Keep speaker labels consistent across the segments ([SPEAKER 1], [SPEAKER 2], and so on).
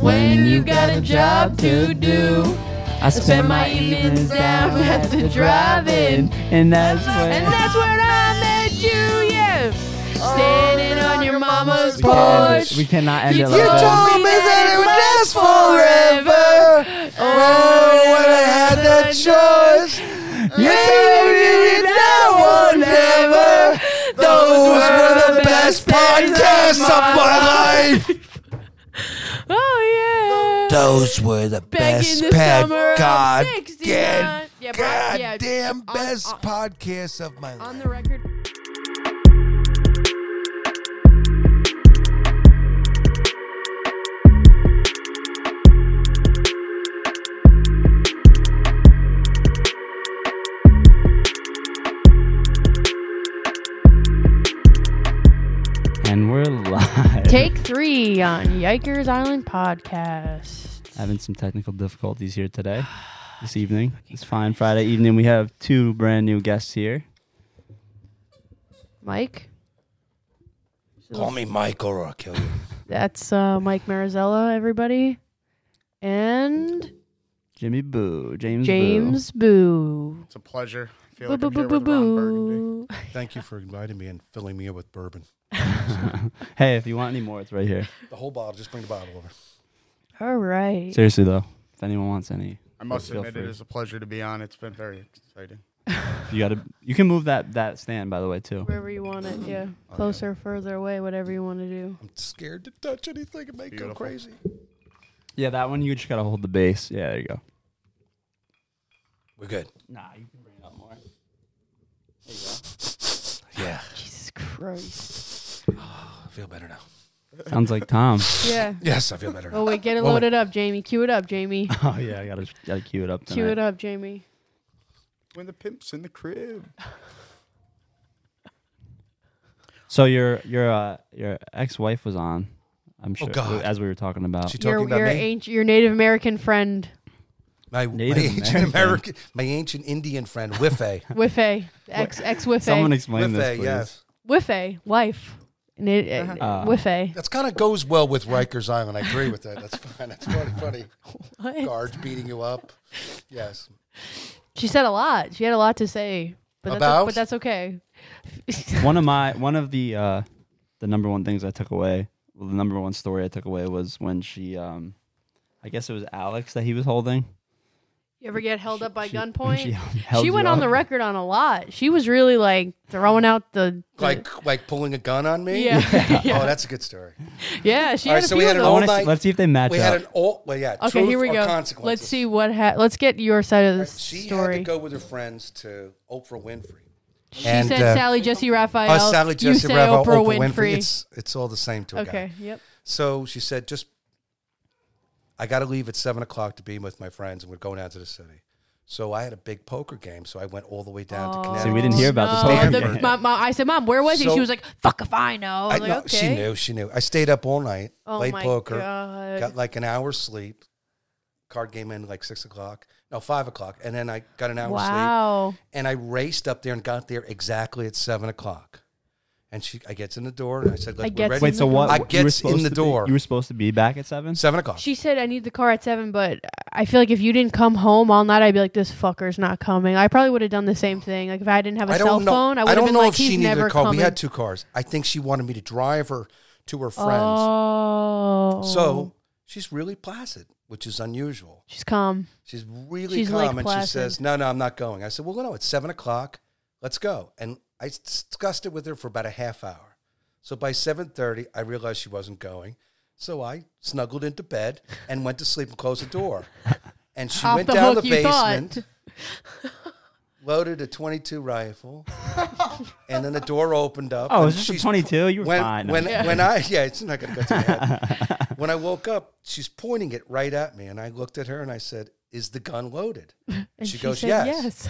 [SPEAKER 1] when you got a job to do.
[SPEAKER 2] I spend my evenings down at the drive-in, and that's
[SPEAKER 1] And
[SPEAKER 2] where
[SPEAKER 1] that's where I met you, yeah. Standing on your mama's porch.
[SPEAKER 2] we cannot end it like
[SPEAKER 1] You
[SPEAKER 3] Uh-huh.
[SPEAKER 2] that.
[SPEAKER 1] told me that it would last forever. Oh, when I had the choice.
[SPEAKER 2] You
[SPEAKER 1] Maybe that one never. Those were the best podcasts of my
[SPEAKER 3] life.
[SPEAKER 1] Oh, yeah.
[SPEAKER 3] Those were the
[SPEAKER 1] Back
[SPEAKER 3] best
[SPEAKER 1] in the
[SPEAKER 3] pad-
[SPEAKER 1] summer of
[SPEAKER 3] God,
[SPEAKER 1] 69.
[SPEAKER 3] damn-
[SPEAKER 1] Yeah, but-
[SPEAKER 3] God
[SPEAKER 1] yeah,
[SPEAKER 3] damn
[SPEAKER 1] on-
[SPEAKER 3] best
[SPEAKER 1] on-
[SPEAKER 3] podcasts of my life.
[SPEAKER 1] On the record.
[SPEAKER 2] And we're live.
[SPEAKER 1] Take three on Yikers Island podcast.
[SPEAKER 2] Having some technical difficulties here today, this evening. It's fine. Friday evening, we have two brand new guests here.
[SPEAKER 1] Mike.
[SPEAKER 3] Call me Michael or I'll kill you.
[SPEAKER 1] That's uh, Mike Marizella, everybody, and
[SPEAKER 2] Jimmy Boo, James.
[SPEAKER 1] James Boo.
[SPEAKER 4] It's a pleasure. I feel
[SPEAKER 1] Boo
[SPEAKER 4] like
[SPEAKER 1] boo
[SPEAKER 4] I'm
[SPEAKER 1] boo boo
[SPEAKER 4] here with Ron Burgundy.
[SPEAKER 1] boo.
[SPEAKER 4] Thank you for inviting me and filling me up with bourbon.
[SPEAKER 2] Boo. Hey, if you want any more, it's right here.
[SPEAKER 3] The whole bottle, just bring the bottle over.
[SPEAKER 1] All right.
[SPEAKER 2] Seriously though, if anyone wants any,
[SPEAKER 4] I must
[SPEAKER 2] Feel
[SPEAKER 4] admit,
[SPEAKER 2] free.
[SPEAKER 4] it is a pleasure to be on. It's been very exciting.
[SPEAKER 2] you gotta. You can move that that stand by the way too.
[SPEAKER 1] Wherever you want
[SPEAKER 4] Oh,
[SPEAKER 1] it, yeah. Closer, further away, whatever you want to do.
[SPEAKER 3] I'm scared to touch anything. It may go
[SPEAKER 4] Beautiful.
[SPEAKER 3] crazy.
[SPEAKER 2] Yeah, that one you just gotta hold the base. Yeah, there you go.
[SPEAKER 3] We're good.
[SPEAKER 2] Nah, you can bring it up more.
[SPEAKER 3] Yeah,
[SPEAKER 1] Jesus Christ.
[SPEAKER 3] I feel better now.
[SPEAKER 2] Sounds like Tom.
[SPEAKER 1] Yeah.
[SPEAKER 3] Yes, I feel better now.
[SPEAKER 1] Oh wait, get it
[SPEAKER 3] Well,
[SPEAKER 1] loaded up, Jamie. Cue it up, Jamie.
[SPEAKER 2] oh yeah, I gotta gotta cue it up. Tonight.
[SPEAKER 1] Cue it up, Jamie.
[SPEAKER 4] When the pimp's in the crib.
[SPEAKER 2] So your your uh, your ex wife was on. I'm sure
[SPEAKER 3] Oh, God.
[SPEAKER 2] as we were talking about.
[SPEAKER 3] She talking
[SPEAKER 1] Your
[SPEAKER 3] about
[SPEAKER 1] your
[SPEAKER 3] me?
[SPEAKER 1] ancient your Native American friend,
[SPEAKER 3] my, my
[SPEAKER 2] Native
[SPEAKER 3] ancient
[SPEAKER 2] American.
[SPEAKER 3] American, my ancient Indian friend, Wife.
[SPEAKER 1] Wife, ex ex
[SPEAKER 2] Someone
[SPEAKER 1] Wife,
[SPEAKER 2] explain this, please.
[SPEAKER 3] yes.
[SPEAKER 1] Wife, wife, Na- eh,
[SPEAKER 3] Uh.
[SPEAKER 2] Uh-huh.
[SPEAKER 1] Wife.
[SPEAKER 3] That's kind of goes well with Rikers Island. I agree with that. That's fine. That's funny, funny.
[SPEAKER 1] What?
[SPEAKER 3] Guards beating you up. Yes.
[SPEAKER 1] She said a lot. She had a lot to say, but that's,
[SPEAKER 3] About?
[SPEAKER 1] but that's okay.
[SPEAKER 2] One of my one of the uh, the number one things I took away, well, the number one story I took away was when she, um, I guess it was Alex that he was holding.
[SPEAKER 1] You ever get held up by
[SPEAKER 2] She- when
[SPEAKER 1] gunpoint?
[SPEAKER 2] She,
[SPEAKER 1] She,
[SPEAKER 2] held you
[SPEAKER 1] went on
[SPEAKER 2] up.
[SPEAKER 1] the record on a lot. She was really like throwing out the, the-
[SPEAKER 3] Like like pulling a gun on me.
[SPEAKER 1] yeah, yeah,
[SPEAKER 3] Oh,
[SPEAKER 1] yeah.
[SPEAKER 3] that's a good story.
[SPEAKER 1] She
[SPEAKER 3] All
[SPEAKER 1] had
[SPEAKER 3] right,
[SPEAKER 1] a
[SPEAKER 3] so
[SPEAKER 1] few
[SPEAKER 3] we
[SPEAKER 1] of
[SPEAKER 3] had an
[SPEAKER 1] those.
[SPEAKER 2] I want
[SPEAKER 3] old-
[SPEAKER 2] to.
[SPEAKER 3] night-
[SPEAKER 2] Let's see if they match
[SPEAKER 3] We
[SPEAKER 2] up.
[SPEAKER 3] had an old. Well, yeah.
[SPEAKER 1] Okay,
[SPEAKER 3] truth
[SPEAKER 1] here we
[SPEAKER 3] or
[SPEAKER 1] go.
[SPEAKER 3] Consequences.
[SPEAKER 1] Let's see what. Ha- let's get your side of the
[SPEAKER 3] She
[SPEAKER 1] story.
[SPEAKER 3] had to go with her friends to Oprah Winfrey.
[SPEAKER 1] she said Sally Jesse Raphael.
[SPEAKER 3] Us, uh, Oh, Sally,
[SPEAKER 1] you
[SPEAKER 3] Jesse,
[SPEAKER 1] say
[SPEAKER 3] Bravo,
[SPEAKER 1] Oprah,
[SPEAKER 3] Oprah
[SPEAKER 1] Winfrey.
[SPEAKER 3] It's, it's all the same to a guy.
[SPEAKER 1] okay. Yep.
[SPEAKER 3] So she said, just, I got to leave at seven o'clock to be with my friends, and we're going out to the city. So I had a big poker game, so I went all the way down to Connecticut.
[SPEAKER 2] See, we didn't hear about this
[SPEAKER 1] Oh,
[SPEAKER 2] whole
[SPEAKER 1] the-
[SPEAKER 2] thing.
[SPEAKER 1] my- my- I said, "Mom, where was he?"
[SPEAKER 3] So-
[SPEAKER 1] she was like, "Fuck if I know." I
[SPEAKER 3] I,
[SPEAKER 1] was
[SPEAKER 3] no,
[SPEAKER 1] Oh, like, okay.
[SPEAKER 3] She knew. She knew. I stayed up all night,
[SPEAKER 1] Oh
[SPEAKER 3] played
[SPEAKER 1] my
[SPEAKER 3] poker,
[SPEAKER 1] God.
[SPEAKER 3] got like an hour's sleep. Card game in like six o'clock, no five o'clock, and then I got an hour sleep.
[SPEAKER 1] wow.
[SPEAKER 3] and I raced up there and got there exactly at seven o'clock. And she, I gets in the door and I said,
[SPEAKER 1] I
[SPEAKER 3] "Like, we're
[SPEAKER 1] gets
[SPEAKER 3] ready."
[SPEAKER 1] in
[SPEAKER 2] Wait, so
[SPEAKER 1] the
[SPEAKER 2] what?
[SPEAKER 1] door.
[SPEAKER 3] I
[SPEAKER 2] you were
[SPEAKER 3] gets in
[SPEAKER 2] supposed to
[SPEAKER 3] the
[SPEAKER 2] be-
[SPEAKER 3] door.
[SPEAKER 2] you were supposed to be back at seven.
[SPEAKER 3] seven o'clock.
[SPEAKER 1] She said, I need the car at seven, but I feel like if you didn't come home all night, I'd be like, this fucker's not coming. I probably would have done the same thing. Like, if I didn't have a
[SPEAKER 3] I
[SPEAKER 1] cell
[SPEAKER 3] don't know.
[SPEAKER 1] phone, I would
[SPEAKER 3] I
[SPEAKER 1] have
[SPEAKER 3] don't
[SPEAKER 1] been
[SPEAKER 3] know
[SPEAKER 1] like,
[SPEAKER 3] if she
[SPEAKER 1] he's
[SPEAKER 3] needed
[SPEAKER 1] never
[SPEAKER 3] a car.
[SPEAKER 1] coming.
[SPEAKER 3] We had two cars. I think she wanted me to drive her to her friends.
[SPEAKER 1] Oh.
[SPEAKER 3] So she's really placid, which is unusual.
[SPEAKER 1] She's calm.
[SPEAKER 3] She's really
[SPEAKER 1] She's Lake
[SPEAKER 3] calm, and she
[SPEAKER 1] Placid.
[SPEAKER 3] says, "No, no, I'm not going." I said, "Well, no, it's seven o'clock. Let's go." And I s- discussed it with her for about a half hour. So by seven thirty, I realized she wasn't going. So I snuggled into bed and went to sleep and closed the door. And she
[SPEAKER 1] Off
[SPEAKER 3] went
[SPEAKER 1] the
[SPEAKER 3] down the
[SPEAKER 1] hook you thought.
[SPEAKER 3] basement, loaded a twenty-two rifle, and then the door opened up.
[SPEAKER 2] Oh,
[SPEAKER 3] and
[SPEAKER 2] is this a
[SPEAKER 3] she's
[SPEAKER 2] 22? You were
[SPEAKER 3] when
[SPEAKER 2] fine.
[SPEAKER 3] when
[SPEAKER 2] Yeah.
[SPEAKER 3] when I yeah, it's not gonna go to my head. when I woke up, she's pointing it right at me, and I looked at her and I said, "Is the gun loaded?"
[SPEAKER 1] And
[SPEAKER 3] she goes,
[SPEAKER 1] said,
[SPEAKER 3] "Yes."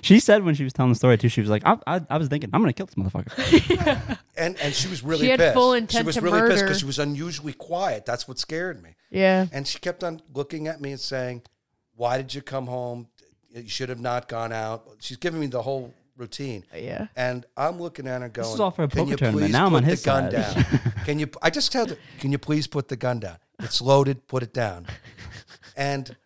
[SPEAKER 2] She said when she was telling the story too, she was like, I, I, I was thinking, I'm gonna kill this motherfucker.
[SPEAKER 3] And and she was really
[SPEAKER 1] She had
[SPEAKER 3] pissed.
[SPEAKER 1] full
[SPEAKER 3] she
[SPEAKER 1] intent
[SPEAKER 3] was
[SPEAKER 1] to
[SPEAKER 3] really pissed
[SPEAKER 1] murder.
[SPEAKER 3] because she was unusually quiet. That's what scared me.
[SPEAKER 1] Yeah.
[SPEAKER 3] And she kept on looking at me and saying, "Why did you come home? You should have not gone out." She's giving me the whole routine.
[SPEAKER 1] Yeah.
[SPEAKER 3] And I'm looking at her going,
[SPEAKER 2] This is all for a
[SPEAKER 3] "Can
[SPEAKER 2] poker
[SPEAKER 3] you
[SPEAKER 2] tournament.
[SPEAKER 3] please
[SPEAKER 2] Now I'm
[SPEAKER 3] put
[SPEAKER 2] on
[SPEAKER 3] the
[SPEAKER 2] his
[SPEAKER 3] gun
[SPEAKER 2] side."
[SPEAKER 3] down? Can you? I just tell her, can you please put the gun down? It's loaded. Put it down. And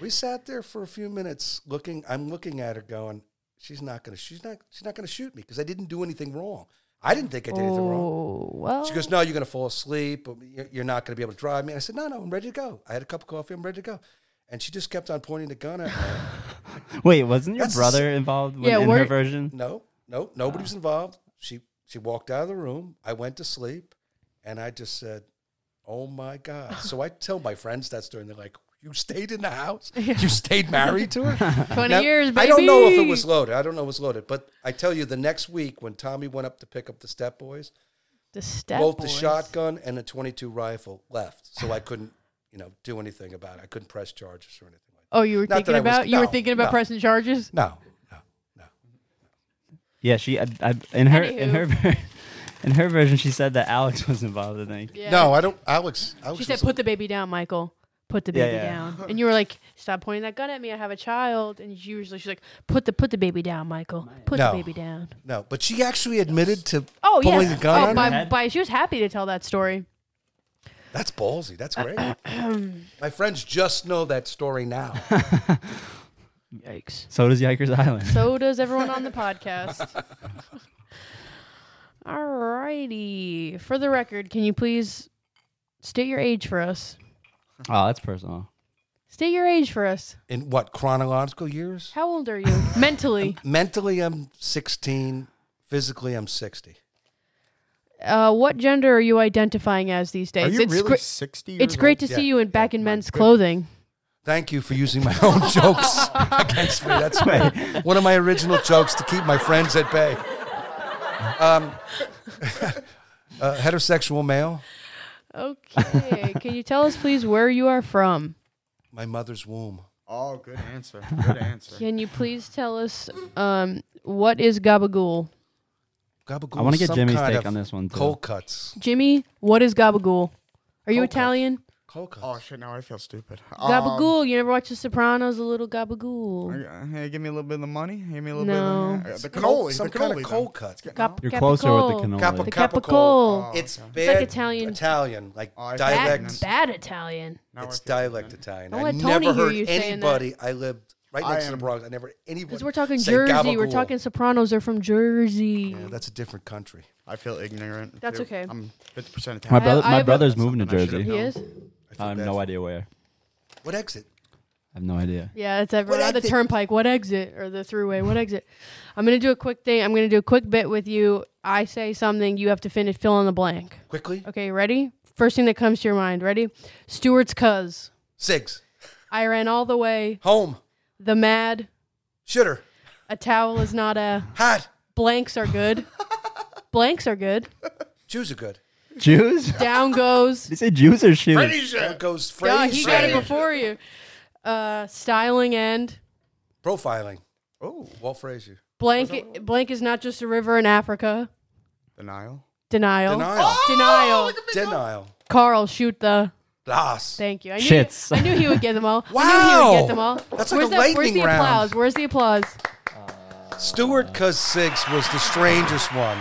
[SPEAKER 3] we sat there for a few minutes looking. I'm looking at her, going, "She's not gonna. She's not. She's not gonna shoot me because I didn't do anything wrong. I didn't think I did anything wrong."
[SPEAKER 1] Oh, well.
[SPEAKER 3] She goes, "No, you're gonna fall asleep. You're- You're not gonna be able to drive me." And I said, "No, no, I'm ready to go. I had a cup of coffee. I'm ready to go." And she just kept on pointing the gun at me.
[SPEAKER 2] Wait, wasn't your
[SPEAKER 3] That's-
[SPEAKER 2] brother involved with,
[SPEAKER 1] Yeah,
[SPEAKER 2] in
[SPEAKER 1] we're-
[SPEAKER 2] her version?
[SPEAKER 3] No, no, nobody
[SPEAKER 1] Ah.
[SPEAKER 3] was involved. She she walked out of the room. I went to sleep, and I just said, "Oh my god!" so I tell my friends that story, and they're like, "You stayed in the house? You stayed married to her?"
[SPEAKER 1] 20
[SPEAKER 3] Now,
[SPEAKER 1] years, baby.
[SPEAKER 3] I don't know if it was loaded. I don't know if it was loaded, but I tell you, the next week when Tommy went up to pick up the step boys,
[SPEAKER 1] the step
[SPEAKER 3] both the
[SPEAKER 1] boys.
[SPEAKER 3] shotgun and the twenty-two rifle left, so I couldn't, you know, do anything about it. I couldn't press charges or anything like that.
[SPEAKER 1] Oh, you were
[SPEAKER 3] Not
[SPEAKER 1] thinking
[SPEAKER 3] that I was-
[SPEAKER 1] about you were
[SPEAKER 3] no,
[SPEAKER 1] thinking about
[SPEAKER 3] no.
[SPEAKER 1] pressing charges.
[SPEAKER 3] No, no, no.
[SPEAKER 2] Yeah, she I, I, in her in her
[SPEAKER 1] Anywho.
[SPEAKER 2] ver- in her version she said that Alex was involved. I think.
[SPEAKER 1] Yeah.
[SPEAKER 3] No, I don't. Alex, Alex
[SPEAKER 1] She said,
[SPEAKER 3] was-
[SPEAKER 1] "Put the baby down, Michael. Put the
[SPEAKER 2] Yeah,
[SPEAKER 1] baby
[SPEAKER 2] yeah.
[SPEAKER 1] down." And you were like, "Stop pointing that gun at me. I have a child." And she usually she's like, "Put the put the baby down, Michael. Put
[SPEAKER 3] No.
[SPEAKER 1] the baby down."
[SPEAKER 3] no, but she actually admitted to
[SPEAKER 1] Oh
[SPEAKER 3] pulling
[SPEAKER 1] yeah.
[SPEAKER 3] the gun. on
[SPEAKER 1] oh,
[SPEAKER 3] her.
[SPEAKER 1] by, by, she was happy to tell that story.
[SPEAKER 3] That's ballsy. That's great. My friends just know that story now.
[SPEAKER 1] Yikes.
[SPEAKER 2] So does Yikers Island.
[SPEAKER 1] So does everyone on the podcast. Alrighty. For the record, can you please state your age for us?
[SPEAKER 2] Oh, that's personal.
[SPEAKER 1] State your age for us.
[SPEAKER 3] In what chronological years?
[SPEAKER 1] How old are you mentally?
[SPEAKER 3] Mentally, I'm 16. Physically, I'm 60.
[SPEAKER 1] Uh, what gender are you identifying as these days?
[SPEAKER 4] Are you really
[SPEAKER 1] gre-
[SPEAKER 4] 60 years
[SPEAKER 1] it's great to
[SPEAKER 4] old?
[SPEAKER 3] Yeah,
[SPEAKER 1] see you in back in
[SPEAKER 4] my
[SPEAKER 1] men's
[SPEAKER 4] goodness.
[SPEAKER 1] clothing.
[SPEAKER 3] Thank you for using my own jokes against me. That's right. One of my original jokes to keep my friends at bay. Um, uh, heterosexual male,
[SPEAKER 1] Okay. Can you tell us, please, where you are from?
[SPEAKER 3] my mother's womb.
[SPEAKER 4] Oh, good answer. Good answer.
[SPEAKER 1] Can you please tell us um, what is gabagool?
[SPEAKER 3] Gabagool
[SPEAKER 2] I want to get
[SPEAKER 3] is some
[SPEAKER 2] Jimmy's
[SPEAKER 3] kind
[SPEAKER 2] take
[SPEAKER 3] of
[SPEAKER 2] on this one too.
[SPEAKER 3] Cold cuts.
[SPEAKER 1] Jimmy, what is gabagool? Are you
[SPEAKER 3] Okay.
[SPEAKER 1] Italian?
[SPEAKER 3] Cold cuts.
[SPEAKER 4] Oh, shit. Now I feel stupid. Oh,
[SPEAKER 1] Gabagool. you never watched The Sopranos? A little gabagool.
[SPEAKER 4] Um, hey, give me a little bit of the money. Give me a little
[SPEAKER 1] No.
[SPEAKER 4] bit of the, uh, the
[SPEAKER 3] Cold-
[SPEAKER 4] cannoli.
[SPEAKER 3] Some
[SPEAKER 4] the
[SPEAKER 3] kind
[SPEAKER 4] cannoli
[SPEAKER 3] of
[SPEAKER 4] then.
[SPEAKER 3] cold cuts.
[SPEAKER 1] Gab-
[SPEAKER 2] You're closer with the
[SPEAKER 1] capicole.
[SPEAKER 2] cannoli.
[SPEAKER 3] Capo-
[SPEAKER 1] The
[SPEAKER 3] Capicola.
[SPEAKER 1] capicole.
[SPEAKER 3] Oh, It's
[SPEAKER 4] Okay.
[SPEAKER 3] bad
[SPEAKER 1] like Italian.
[SPEAKER 3] Italian, like
[SPEAKER 4] Oh, I see.
[SPEAKER 1] Bad,
[SPEAKER 3] dialect.
[SPEAKER 4] That-
[SPEAKER 1] bad Italian.
[SPEAKER 4] Now I
[SPEAKER 3] It's
[SPEAKER 4] feel bad.
[SPEAKER 3] dialect Italian.
[SPEAKER 1] Don't
[SPEAKER 3] I
[SPEAKER 1] let
[SPEAKER 3] never
[SPEAKER 1] Tony hear
[SPEAKER 3] heard
[SPEAKER 1] you saying that.
[SPEAKER 3] anybody. I lived right
[SPEAKER 4] I
[SPEAKER 3] next to the
[SPEAKER 4] am-
[SPEAKER 3] Bronx. I never anybody.
[SPEAKER 1] Because we're talking
[SPEAKER 3] say
[SPEAKER 1] Jersey. We're
[SPEAKER 3] gabagool.
[SPEAKER 1] talking Sopranos. They're from Jersey.
[SPEAKER 3] Yeah, that's a different country.
[SPEAKER 4] I feel ignorant.
[SPEAKER 1] That's
[SPEAKER 4] too.
[SPEAKER 1] okay.
[SPEAKER 4] I'm 50%
[SPEAKER 2] My
[SPEAKER 1] bro-
[SPEAKER 4] Italian.
[SPEAKER 2] brother,
[SPEAKER 1] I
[SPEAKER 2] my
[SPEAKER 1] have a-
[SPEAKER 2] brother's moving to
[SPEAKER 4] Something I should've
[SPEAKER 2] Jersey.
[SPEAKER 1] he
[SPEAKER 4] No.
[SPEAKER 1] is?
[SPEAKER 2] I have
[SPEAKER 3] feel
[SPEAKER 2] no
[SPEAKER 3] bad.
[SPEAKER 2] idea where.
[SPEAKER 3] What exit?
[SPEAKER 2] I have no idea.
[SPEAKER 1] Yeah, it's everyone
[SPEAKER 3] What
[SPEAKER 1] on the
[SPEAKER 3] exit?
[SPEAKER 1] turnpike. What exit or the throughway? What exit? I'm gonna do a quick thing. I'm gonna do a quick bit with you. I say something. You have to finish fill in the blank.
[SPEAKER 3] Quickly,
[SPEAKER 1] Okay, ready? First thing that comes to your mind. Ready? Stewart's cuz.
[SPEAKER 3] Sigs,
[SPEAKER 1] I ran all the way.
[SPEAKER 3] home,
[SPEAKER 1] The mad.
[SPEAKER 3] shitter,
[SPEAKER 1] A towel is not a.
[SPEAKER 3] hot.
[SPEAKER 1] Blanks are good. Blanks are good.
[SPEAKER 3] Jews are good.
[SPEAKER 2] Jews? Did
[SPEAKER 1] Down goes.
[SPEAKER 2] you say Jews or shoes?
[SPEAKER 3] Down goes
[SPEAKER 1] Yeah,
[SPEAKER 3] phrase
[SPEAKER 1] he got it before you. Uh, styling and
[SPEAKER 3] profiling.
[SPEAKER 4] Oh,
[SPEAKER 3] Walt Frazier.
[SPEAKER 1] blank. Blank is not just a river in Africa.
[SPEAKER 4] the Nile.
[SPEAKER 1] Denial.
[SPEAKER 3] Denial. Oh,
[SPEAKER 1] Denial.
[SPEAKER 3] Denial.
[SPEAKER 1] Carl, shoot the.
[SPEAKER 3] Las.
[SPEAKER 1] Thank you. I knew,
[SPEAKER 2] Shits.
[SPEAKER 1] I knew he would get them all. I knew he would
[SPEAKER 3] Wow.
[SPEAKER 1] get them all.
[SPEAKER 3] That's like
[SPEAKER 1] where's
[SPEAKER 3] a
[SPEAKER 1] the, Where's
[SPEAKER 3] lightning
[SPEAKER 1] the
[SPEAKER 3] round.
[SPEAKER 1] applause? Where's the applause?
[SPEAKER 3] Stewart cuz Sigs was the strangest one.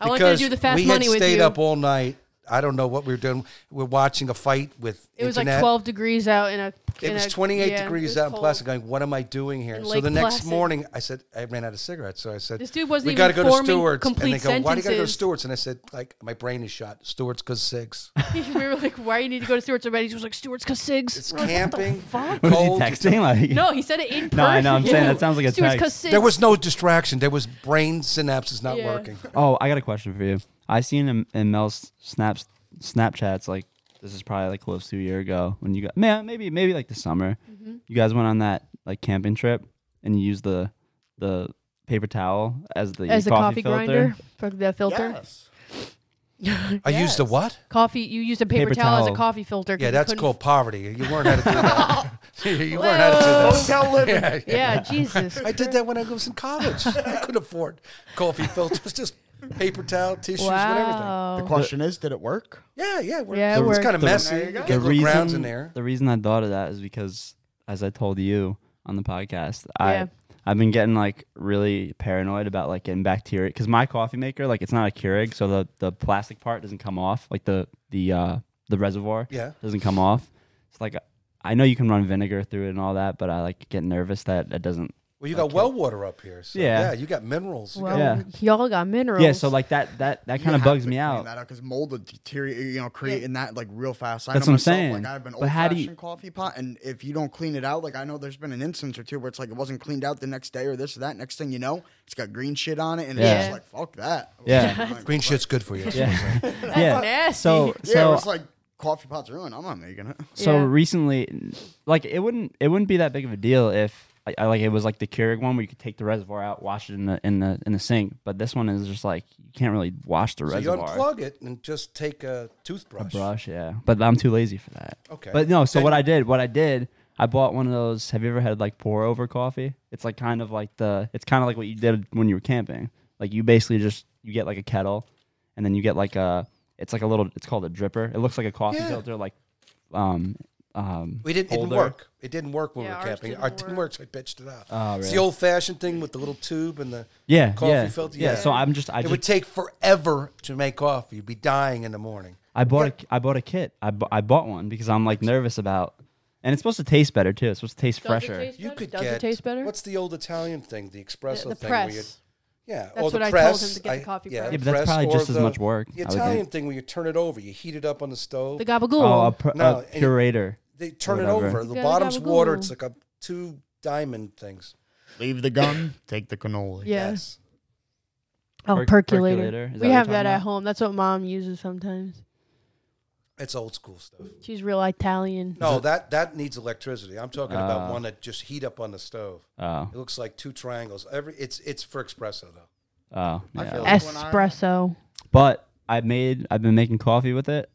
[SPEAKER 1] I wanted to
[SPEAKER 3] because
[SPEAKER 1] do the fast
[SPEAKER 3] we
[SPEAKER 1] money
[SPEAKER 3] had
[SPEAKER 1] with
[SPEAKER 3] stayed
[SPEAKER 1] you.
[SPEAKER 3] up all night. I don't know what we were doing. We are watching a fight with
[SPEAKER 1] It was like
[SPEAKER 3] internet.
[SPEAKER 1] 12 degrees out in a.
[SPEAKER 3] It
[SPEAKER 1] in
[SPEAKER 3] was
[SPEAKER 1] a-
[SPEAKER 3] 28
[SPEAKER 1] yeah, it
[SPEAKER 3] degrees
[SPEAKER 1] was
[SPEAKER 3] out in
[SPEAKER 1] cold.
[SPEAKER 3] Placid. Going, what am I doing here?
[SPEAKER 1] In
[SPEAKER 3] so
[SPEAKER 1] Lake
[SPEAKER 3] the next
[SPEAKER 1] Placid.
[SPEAKER 3] morning, I said I ran out of cigarettes. So I said,
[SPEAKER 1] This dude wasn't
[SPEAKER 3] we
[SPEAKER 1] even
[SPEAKER 3] gotta go to
[SPEAKER 1] forming
[SPEAKER 3] Stewart's. And
[SPEAKER 1] complete
[SPEAKER 3] they go, why do you gotta go to
[SPEAKER 1] sentences.
[SPEAKER 3] Stewart's? And I said, like my brain is shot. Stewart's because cigs.
[SPEAKER 1] we were like, why do you need to go to Stewart's already? He was like, Stewart's because SIGs.
[SPEAKER 3] It's
[SPEAKER 1] We're like,
[SPEAKER 3] camping.
[SPEAKER 1] What the fuck?
[SPEAKER 2] Was he
[SPEAKER 3] Cold.
[SPEAKER 2] texting? Like,
[SPEAKER 1] No, he said it in person.
[SPEAKER 2] No, I know, I'm saying that sounds like a
[SPEAKER 1] Stewart's
[SPEAKER 2] text.
[SPEAKER 1] SIGs.
[SPEAKER 3] There was no distraction. There was brain synapses not
[SPEAKER 1] Yeah.
[SPEAKER 3] working.
[SPEAKER 2] Oh, I got a question for you. I seen in, in Mel's snaps, Snapchats like this is probably like close to a year ago when you got man maybe maybe like the summer.
[SPEAKER 1] Mm-hmm.
[SPEAKER 2] You guys went on that like camping trip and you used the the paper towel as the
[SPEAKER 1] As the
[SPEAKER 2] coffee,
[SPEAKER 1] coffee,
[SPEAKER 2] filter.
[SPEAKER 1] grinder, for the filter.
[SPEAKER 4] Yes.
[SPEAKER 3] I used the what?
[SPEAKER 1] Coffee. You used a paper,
[SPEAKER 2] Paper
[SPEAKER 1] towel, as a
[SPEAKER 2] towel.
[SPEAKER 1] coffee filter. 'cause
[SPEAKER 3] Yeah,
[SPEAKER 1] you
[SPEAKER 3] that's
[SPEAKER 1] couldn't-
[SPEAKER 3] called poverty. You learn how to do that. you learn how to do that.
[SPEAKER 4] Hotel living.
[SPEAKER 1] Yeah, Jesus.
[SPEAKER 3] I did that when I was in college. I couldn't afford coffee filters, just paper towel, tissues, whatever.
[SPEAKER 1] Wow.
[SPEAKER 4] The question is, did it work?
[SPEAKER 3] Yeah, yeah. We're,
[SPEAKER 1] Yeah, it
[SPEAKER 3] it's
[SPEAKER 1] worked.
[SPEAKER 3] kind of
[SPEAKER 2] The-
[SPEAKER 3] messy.
[SPEAKER 4] There you
[SPEAKER 3] You
[SPEAKER 4] go.
[SPEAKER 3] get
[SPEAKER 2] The
[SPEAKER 3] little grounds
[SPEAKER 2] reason
[SPEAKER 3] in there.
[SPEAKER 2] the reason I thought of that is because as I told you on the podcast,
[SPEAKER 1] Yeah.
[SPEAKER 2] I I've been getting like really paranoid about like getting bacteria because my coffee maker like it's not a Keurig, so the the plastic part doesn't come off like the the uh the reservoir.
[SPEAKER 3] Yeah.
[SPEAKER 2] doesn't come off. It's like I know you can run vinegar through it and all that, but I like get nervous that it doesn't.
[SPEAKER 3] Well, you got well water up here. So, yeah.
[SPEAKER 2] Yeah.
[SPEAKER 3] You got minerals. You
[SPEAKER 2] Well-
[SPEAKER 3] got-
[SPEAKER 2] Yeah.
[SPEAKER 1] y'all got minerals.
[SPEAKER 2] Yeah, so like that that that kind of bugs me out.
[SPEAKER 4] Because mold will deteriorate, you know, creating that like real fast. I
[SPEAKER 2] That's
[SPEAKER 4] know
[SPEAKER 2] what I'm
[SPEAKER 4] myself,
[SPEAKER 2] saying.
[SPEAKER 4] Like I have an old
[SPEAKER 2] But how do you-
[SPEAKER 4] fashioned coffee pot, and if you don't clean it out, like I know there's been an instance or two where it's like it wasn't cleaned out the next day or this or that. Next thing you know, it's got green shit on it, and it's
[SPEAKER 1] Yeah.
[SPEAKER 4] just like fuck that.
[SPEAKER 2] Yeah.
[SPEAKER 4] Like,
[SPEAKER 3] Green shit's good for you.
[SPEAKER 2] Yeah,
[SPEAKER 1] That's
[SPEAKER 2] yeah.
[SPEAKER 1] nasty.
[SPEAKER 2] So
[SPEAKER 4] Yeah, it
[SPEAKER 2] so
[SPEAKER 4] was like coffee pot's ruined. I'm not making it.
[SPEAKER 2] so
[SPEAKER 1] Yeah.
[SPEAKER 2] recently, like it wouldn't it wouldn't be that big of a deal if I, I like it was like the Keurig one where you could take the reservoir out, wash it in the in the in the sink. But this one is just like you can't really wash the
[SPEAKER 3] So you
[SPEAKER 2] reservoir.
[SPEAKER 3] unplug it and just take a toothbrush.
[SPEAKER 2] brush, yeah. But I'm too lazy for that.
[SPEAKER 3] Okay.
[SPEAKER 2] But no, so
[SPEAKER 3] Then-
[SPEAKER 2] what I did, what I did, I bought one of those. Have you ever had like pour over coffee? It's like kind of like the. It's kind of like what you did when you were camping. Like you basically just you get like a kettle, and then you get like a. It's like a little. It's called a dripper. It looks like a coffee
[SPEAKER 3] Yeah.
[SPEAKER 2] filter, like, um, um.
[SPEAKER 3] We didn't, it didn't
[SPEAKER 2] holder.
[SPEAKER 3] work. It didn't work when
[SPEAKER 1] Yeah,
[SPEAKER 3] we were
[SPEAKER 1] ours
[SPEAKER 3] camping.
[SPEAKER 1] didn't
[SPEAKER 3] Our didn't
[SPEAKER 1] work.
[SPEAKER 3] work, so I bitched it out.
[SPEAKER 2] Oh,
[SPEAKER 3] It's
[SPEAKER 2] really?
[SPEAKER 3] the old fashioned thing with the little tube and the
[SPEAKER 2] Yeah,
[SPEAKER 3] coffee
[SPEAKER 2] yeah,
[SPEAKER 3] filter.
[SPEAKER 2] yeah. So I'm just. I
[SPEAKER 3] it
[SPEAKER 2] just.
[SPEAKER 3] would take forever to make coffee. You'd be dying in the morning.
[SPEAKER 2] I bought a. I bought a kit. I, bu- I bought one because I'm like nervous about. And it's supposed to taste better too. It's supposed to taste
[SPEAKER 1] Does it
[SPEAKER 2] fresher.
[SPEAKER 1] taste
[SPEAKER 3] You
[SPEAKER 1] better?
[SPEAKER 3] could
[SPEAKER 1] Does
[SPEAKER 3] get
[SPEAKER 1] it taste better?
[SPEAKER 3] What's the old Italian thing? The
[SPEAKER 1] the,
[SPEAKER 3] espresso
[SPEAKER 1] the
[SPEAKER 3] thing. Where you,
[SPEAKER 1] press?
[SPEAKER 3] yeah,
[SPEAKER 1] That's
[SPEAKER 3] or the
[SPEAKER 1] what I told him
[SPEAKER 3] press.
[SPEAKER 1] to get the coffee press.
[SPEAKER 2] Yeah, but that's
[SPEAKER 3] press
[SPEAKER 2] probably
[SPEAKER 3] or
[SPEAKER 2] just as
[SPEAKER 3] the-
[SPEAKER 2] much work,
[SPEAKER 3] The
[SPEAKER 2] I would
[SPEAKER 3] Italian
[SPEAKER 2] think.
[SPEAKER 3] thing where you turn it over, you heat it up on the stove.
[SPEAKER 1] the gabagool.
[SPEAKER 2] Oh, a, pr-
[SPEAKER 3] No,
[SPEAKER 2] a
[SPEAKER 3] and-
[SPEAKER 2] curator.
[SPEAKER 3] they turn it
[SPEAKER 2] Whatever.
[SPEAKER 3] over. The
[SPEAKER 1] Gotta
[SPEAKER 3] bottom's
[SPEAKER 1] gabagool.
[SPEAKER 3] water. It's like a two diamond things.
[SPEAKER 4] Leave the gun, take the cannoli.
[SPEAKER 1] yeah.
[SPEAKER 3] Yes.
[SPEAKER 1] Oh,
[SPEAKER 2] Perc-
[SPEAKER 1] percolator.
[SPEAKER 2] percolator. Is that what
[SPEAKER 1] We
[SPEAKER 2] you're
[SPEAKER 1] have
[SPEAKER 2] talking
[SPEAKER 1] that at
[SPEAKER 2] about?
[SPEAKER 1] home. That's what mom uses sometimes.
[SPEAKER 3] It's old school stuff.
[SPEAKER 1] She's real Italian.
[SPEAKER 3] No, that that needs electricity. I'm talking about
[SPEAKER 2] Ah.
[SPEAKER 3] one that just heat up on the stove.
[SPEAKER 2] Oh,
[SPEAKER 3] It looks like two triangles. Every it's it's for espresso though.
[SPEAKER 2] oh,
[SPEAKER 4] I
[SPEAKER 2] yeah.
[SPEAKER 4] feel like when I-
[SPEAKER 1] Espresso.
[SPEAKER 2] But I made I've been making coffee with it.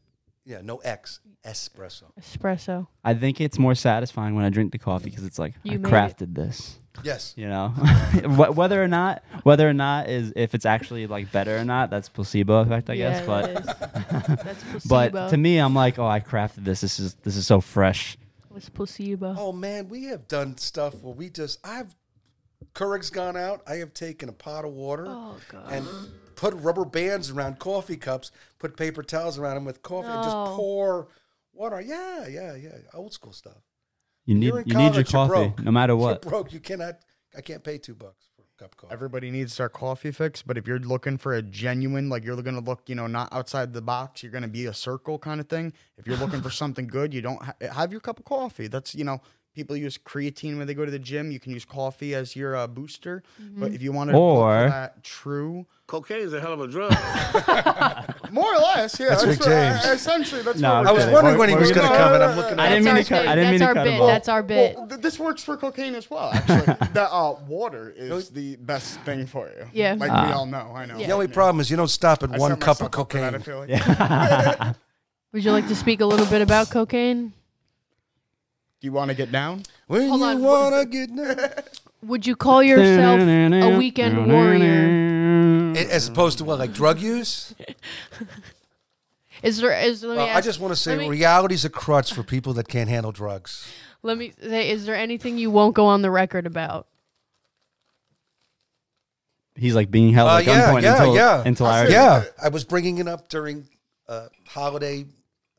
[SPEAKER 3] Yeah, no X. Espresso.
[SPEAKER 1] Espresso.
[SPEAKER 2] I think it's more satisfying when I drink the coffee because it's like
[SPEAKER 1] You
[SPEAKER 2] I
[SPEAKER 1] made it.
[SPEAKER 2] crafted this.
[SPEAKER 3] Yes.
[SPEAKER 2] You know, Wh- whether or not whether or not is if it's actually like better or not, that's placebo effect, I guess. But
[SPEAKER 1] that's placebo.
[SPEAKER 2] but to me, I'm like, oh, I crafted this. This is this is so fresh.
[SPEAKER 1] it's placebo.
[SPEAKER 3] Oh man, we have done stuff where we just I've Keurig's gone out. I have taken a pot of water
[SPEAKER 1] Oh, God.
[SPEAKER 3] and put rubber bands around coffee cups, put paper towels around them with coffee, and just
[SPEAKER 1] No.
[SPEAKER 3] pour water. Yeah, yeah, yeah. Old school stuff.
[SPEAKER 2] You need
[SPEAKER 3] You're in
[SPEAKER 2] you need your
[SPEAKER 3] college, you're
[SPEAKER 2] coffee
[SPEAKER 3] broke.
[SPEAKER 2] no matter
[SPEAKER 3] You're
[SPEAKER 2] what.
[SPEAKER 3] broke. You cannot. I can't pay two bucks for a cup of coffee.
[SPEAKER 4] Everybody needs their coffee fix, but if you're looking for a genuine, like you're going to look, you know, not outside the box, you're going to be a circle kind of thing. If you're looking for something good, you don't ha- eh, have your cup of coffee. That's, you know, people use creatine when they go to the gym. You can use coffee as your uh, booster.
[SPEAKER 1] Mm-hmm.
[SPEAKER 4] But if you want to look for
[SPEAKER 2] Or-
[SPEAKER 4] that true,
[SPEAKER 5] Cocaine is a hell of a drug.
[SPEAKER 4] more or less, yeah.
[SPEAKER 3] That's Rick
[SPEAKER 4] what-
[SPEAKER 3] James.
[SPEAKER 4] essentially, that's
[SPEAKER 2] No,
[SPEAKER 4] what
[SPEAKER 2] I'm
[SPEAKER 4] we're
[SPEAKER 3] I was
[SPEAKER 4] doing.
[SPEAKER 2] kidding.
[SPEAKER 3] wondering when he
[SPEAKER 4] We're
[SPEAKER 3] was going to
[SPEAKER 4] gonna-
[SPEAKER 3] come, and I'm looking.
[SPEAKER 2] I
[SPEAKER 3] at
[SPEAKER 2] didn't
[SPEAKER 3] him.
[SPEAKER 2] mean
[SPEAKER 1] That's
[SPEAKER 2] to cut.
[SPEAKER 1] our bit.
[SPEAKER 2] I didn't mean
[SPEAKER 1] That's
[SPEAKER 2] to
[SPEAKER 1] our
[SPEAKER 2] cut
[SPEAKER 1] bit.
[SPEAKER 2] him off.
[SPEAKER 1] That's our bit.
[SPEAKER 4] Well, th- this works for cocaine as well. Actually, that uh, water is the best thing for you.
[SPEAKER 1] Yeah.
[SPEAKER 4] like we all know. I know.
[SPEAKER 3] The only problem is you don't stop at
[SPEAKER 4] I
[SPEAKER 3] one
[SPEAKER 4] set
[SPEAKER 3] cup of
[SPEAKER 4] myself up for that, I
[SPEAKER 3] cocaine.
[SPEAKER 4] feel like.
[SPEAKER 1] Would you like to speak a little bit about cocaine?
[SPEAKER 4] Do you want to get down?
[SPEAKER 3] When
[SPEAKER 1] Hold
[SPEAKER 3] you
[SPEAKER 1] on, what is
[SPEAKER 3] wanna get n-
[SPEAKER 1] Would you call yourself a weekend warrior?
[SPEAKER 3] as opposed to what, like drug use?
[SPEAKER 1] Is there? Is let me
[SPEAKER 3] Well,
[SPEAKER 1] ask,
[SPEAKER 3] I just want to say
[SPEAKER 1] let me,
[SPEAKER 3] reality's a crutch for people that can't handle drugs.
[SPEAKER 1] let me say, is there anything you won't go on the record about?
[SPEAKER 2] He's like being held
[SPEAKER 3] Uh,
[SPEAKER 2] at
[SPEAKER 3] yeah,
[SPEAKER 2] gunpoint
[SPEAKER 3] yeah,
[SPEAKER 2] until
[SPEAKER 3] yeah.
[SPEAKER 2] until I
[SPEAKER 3] Yeah, I was bringing it up during uh, holiday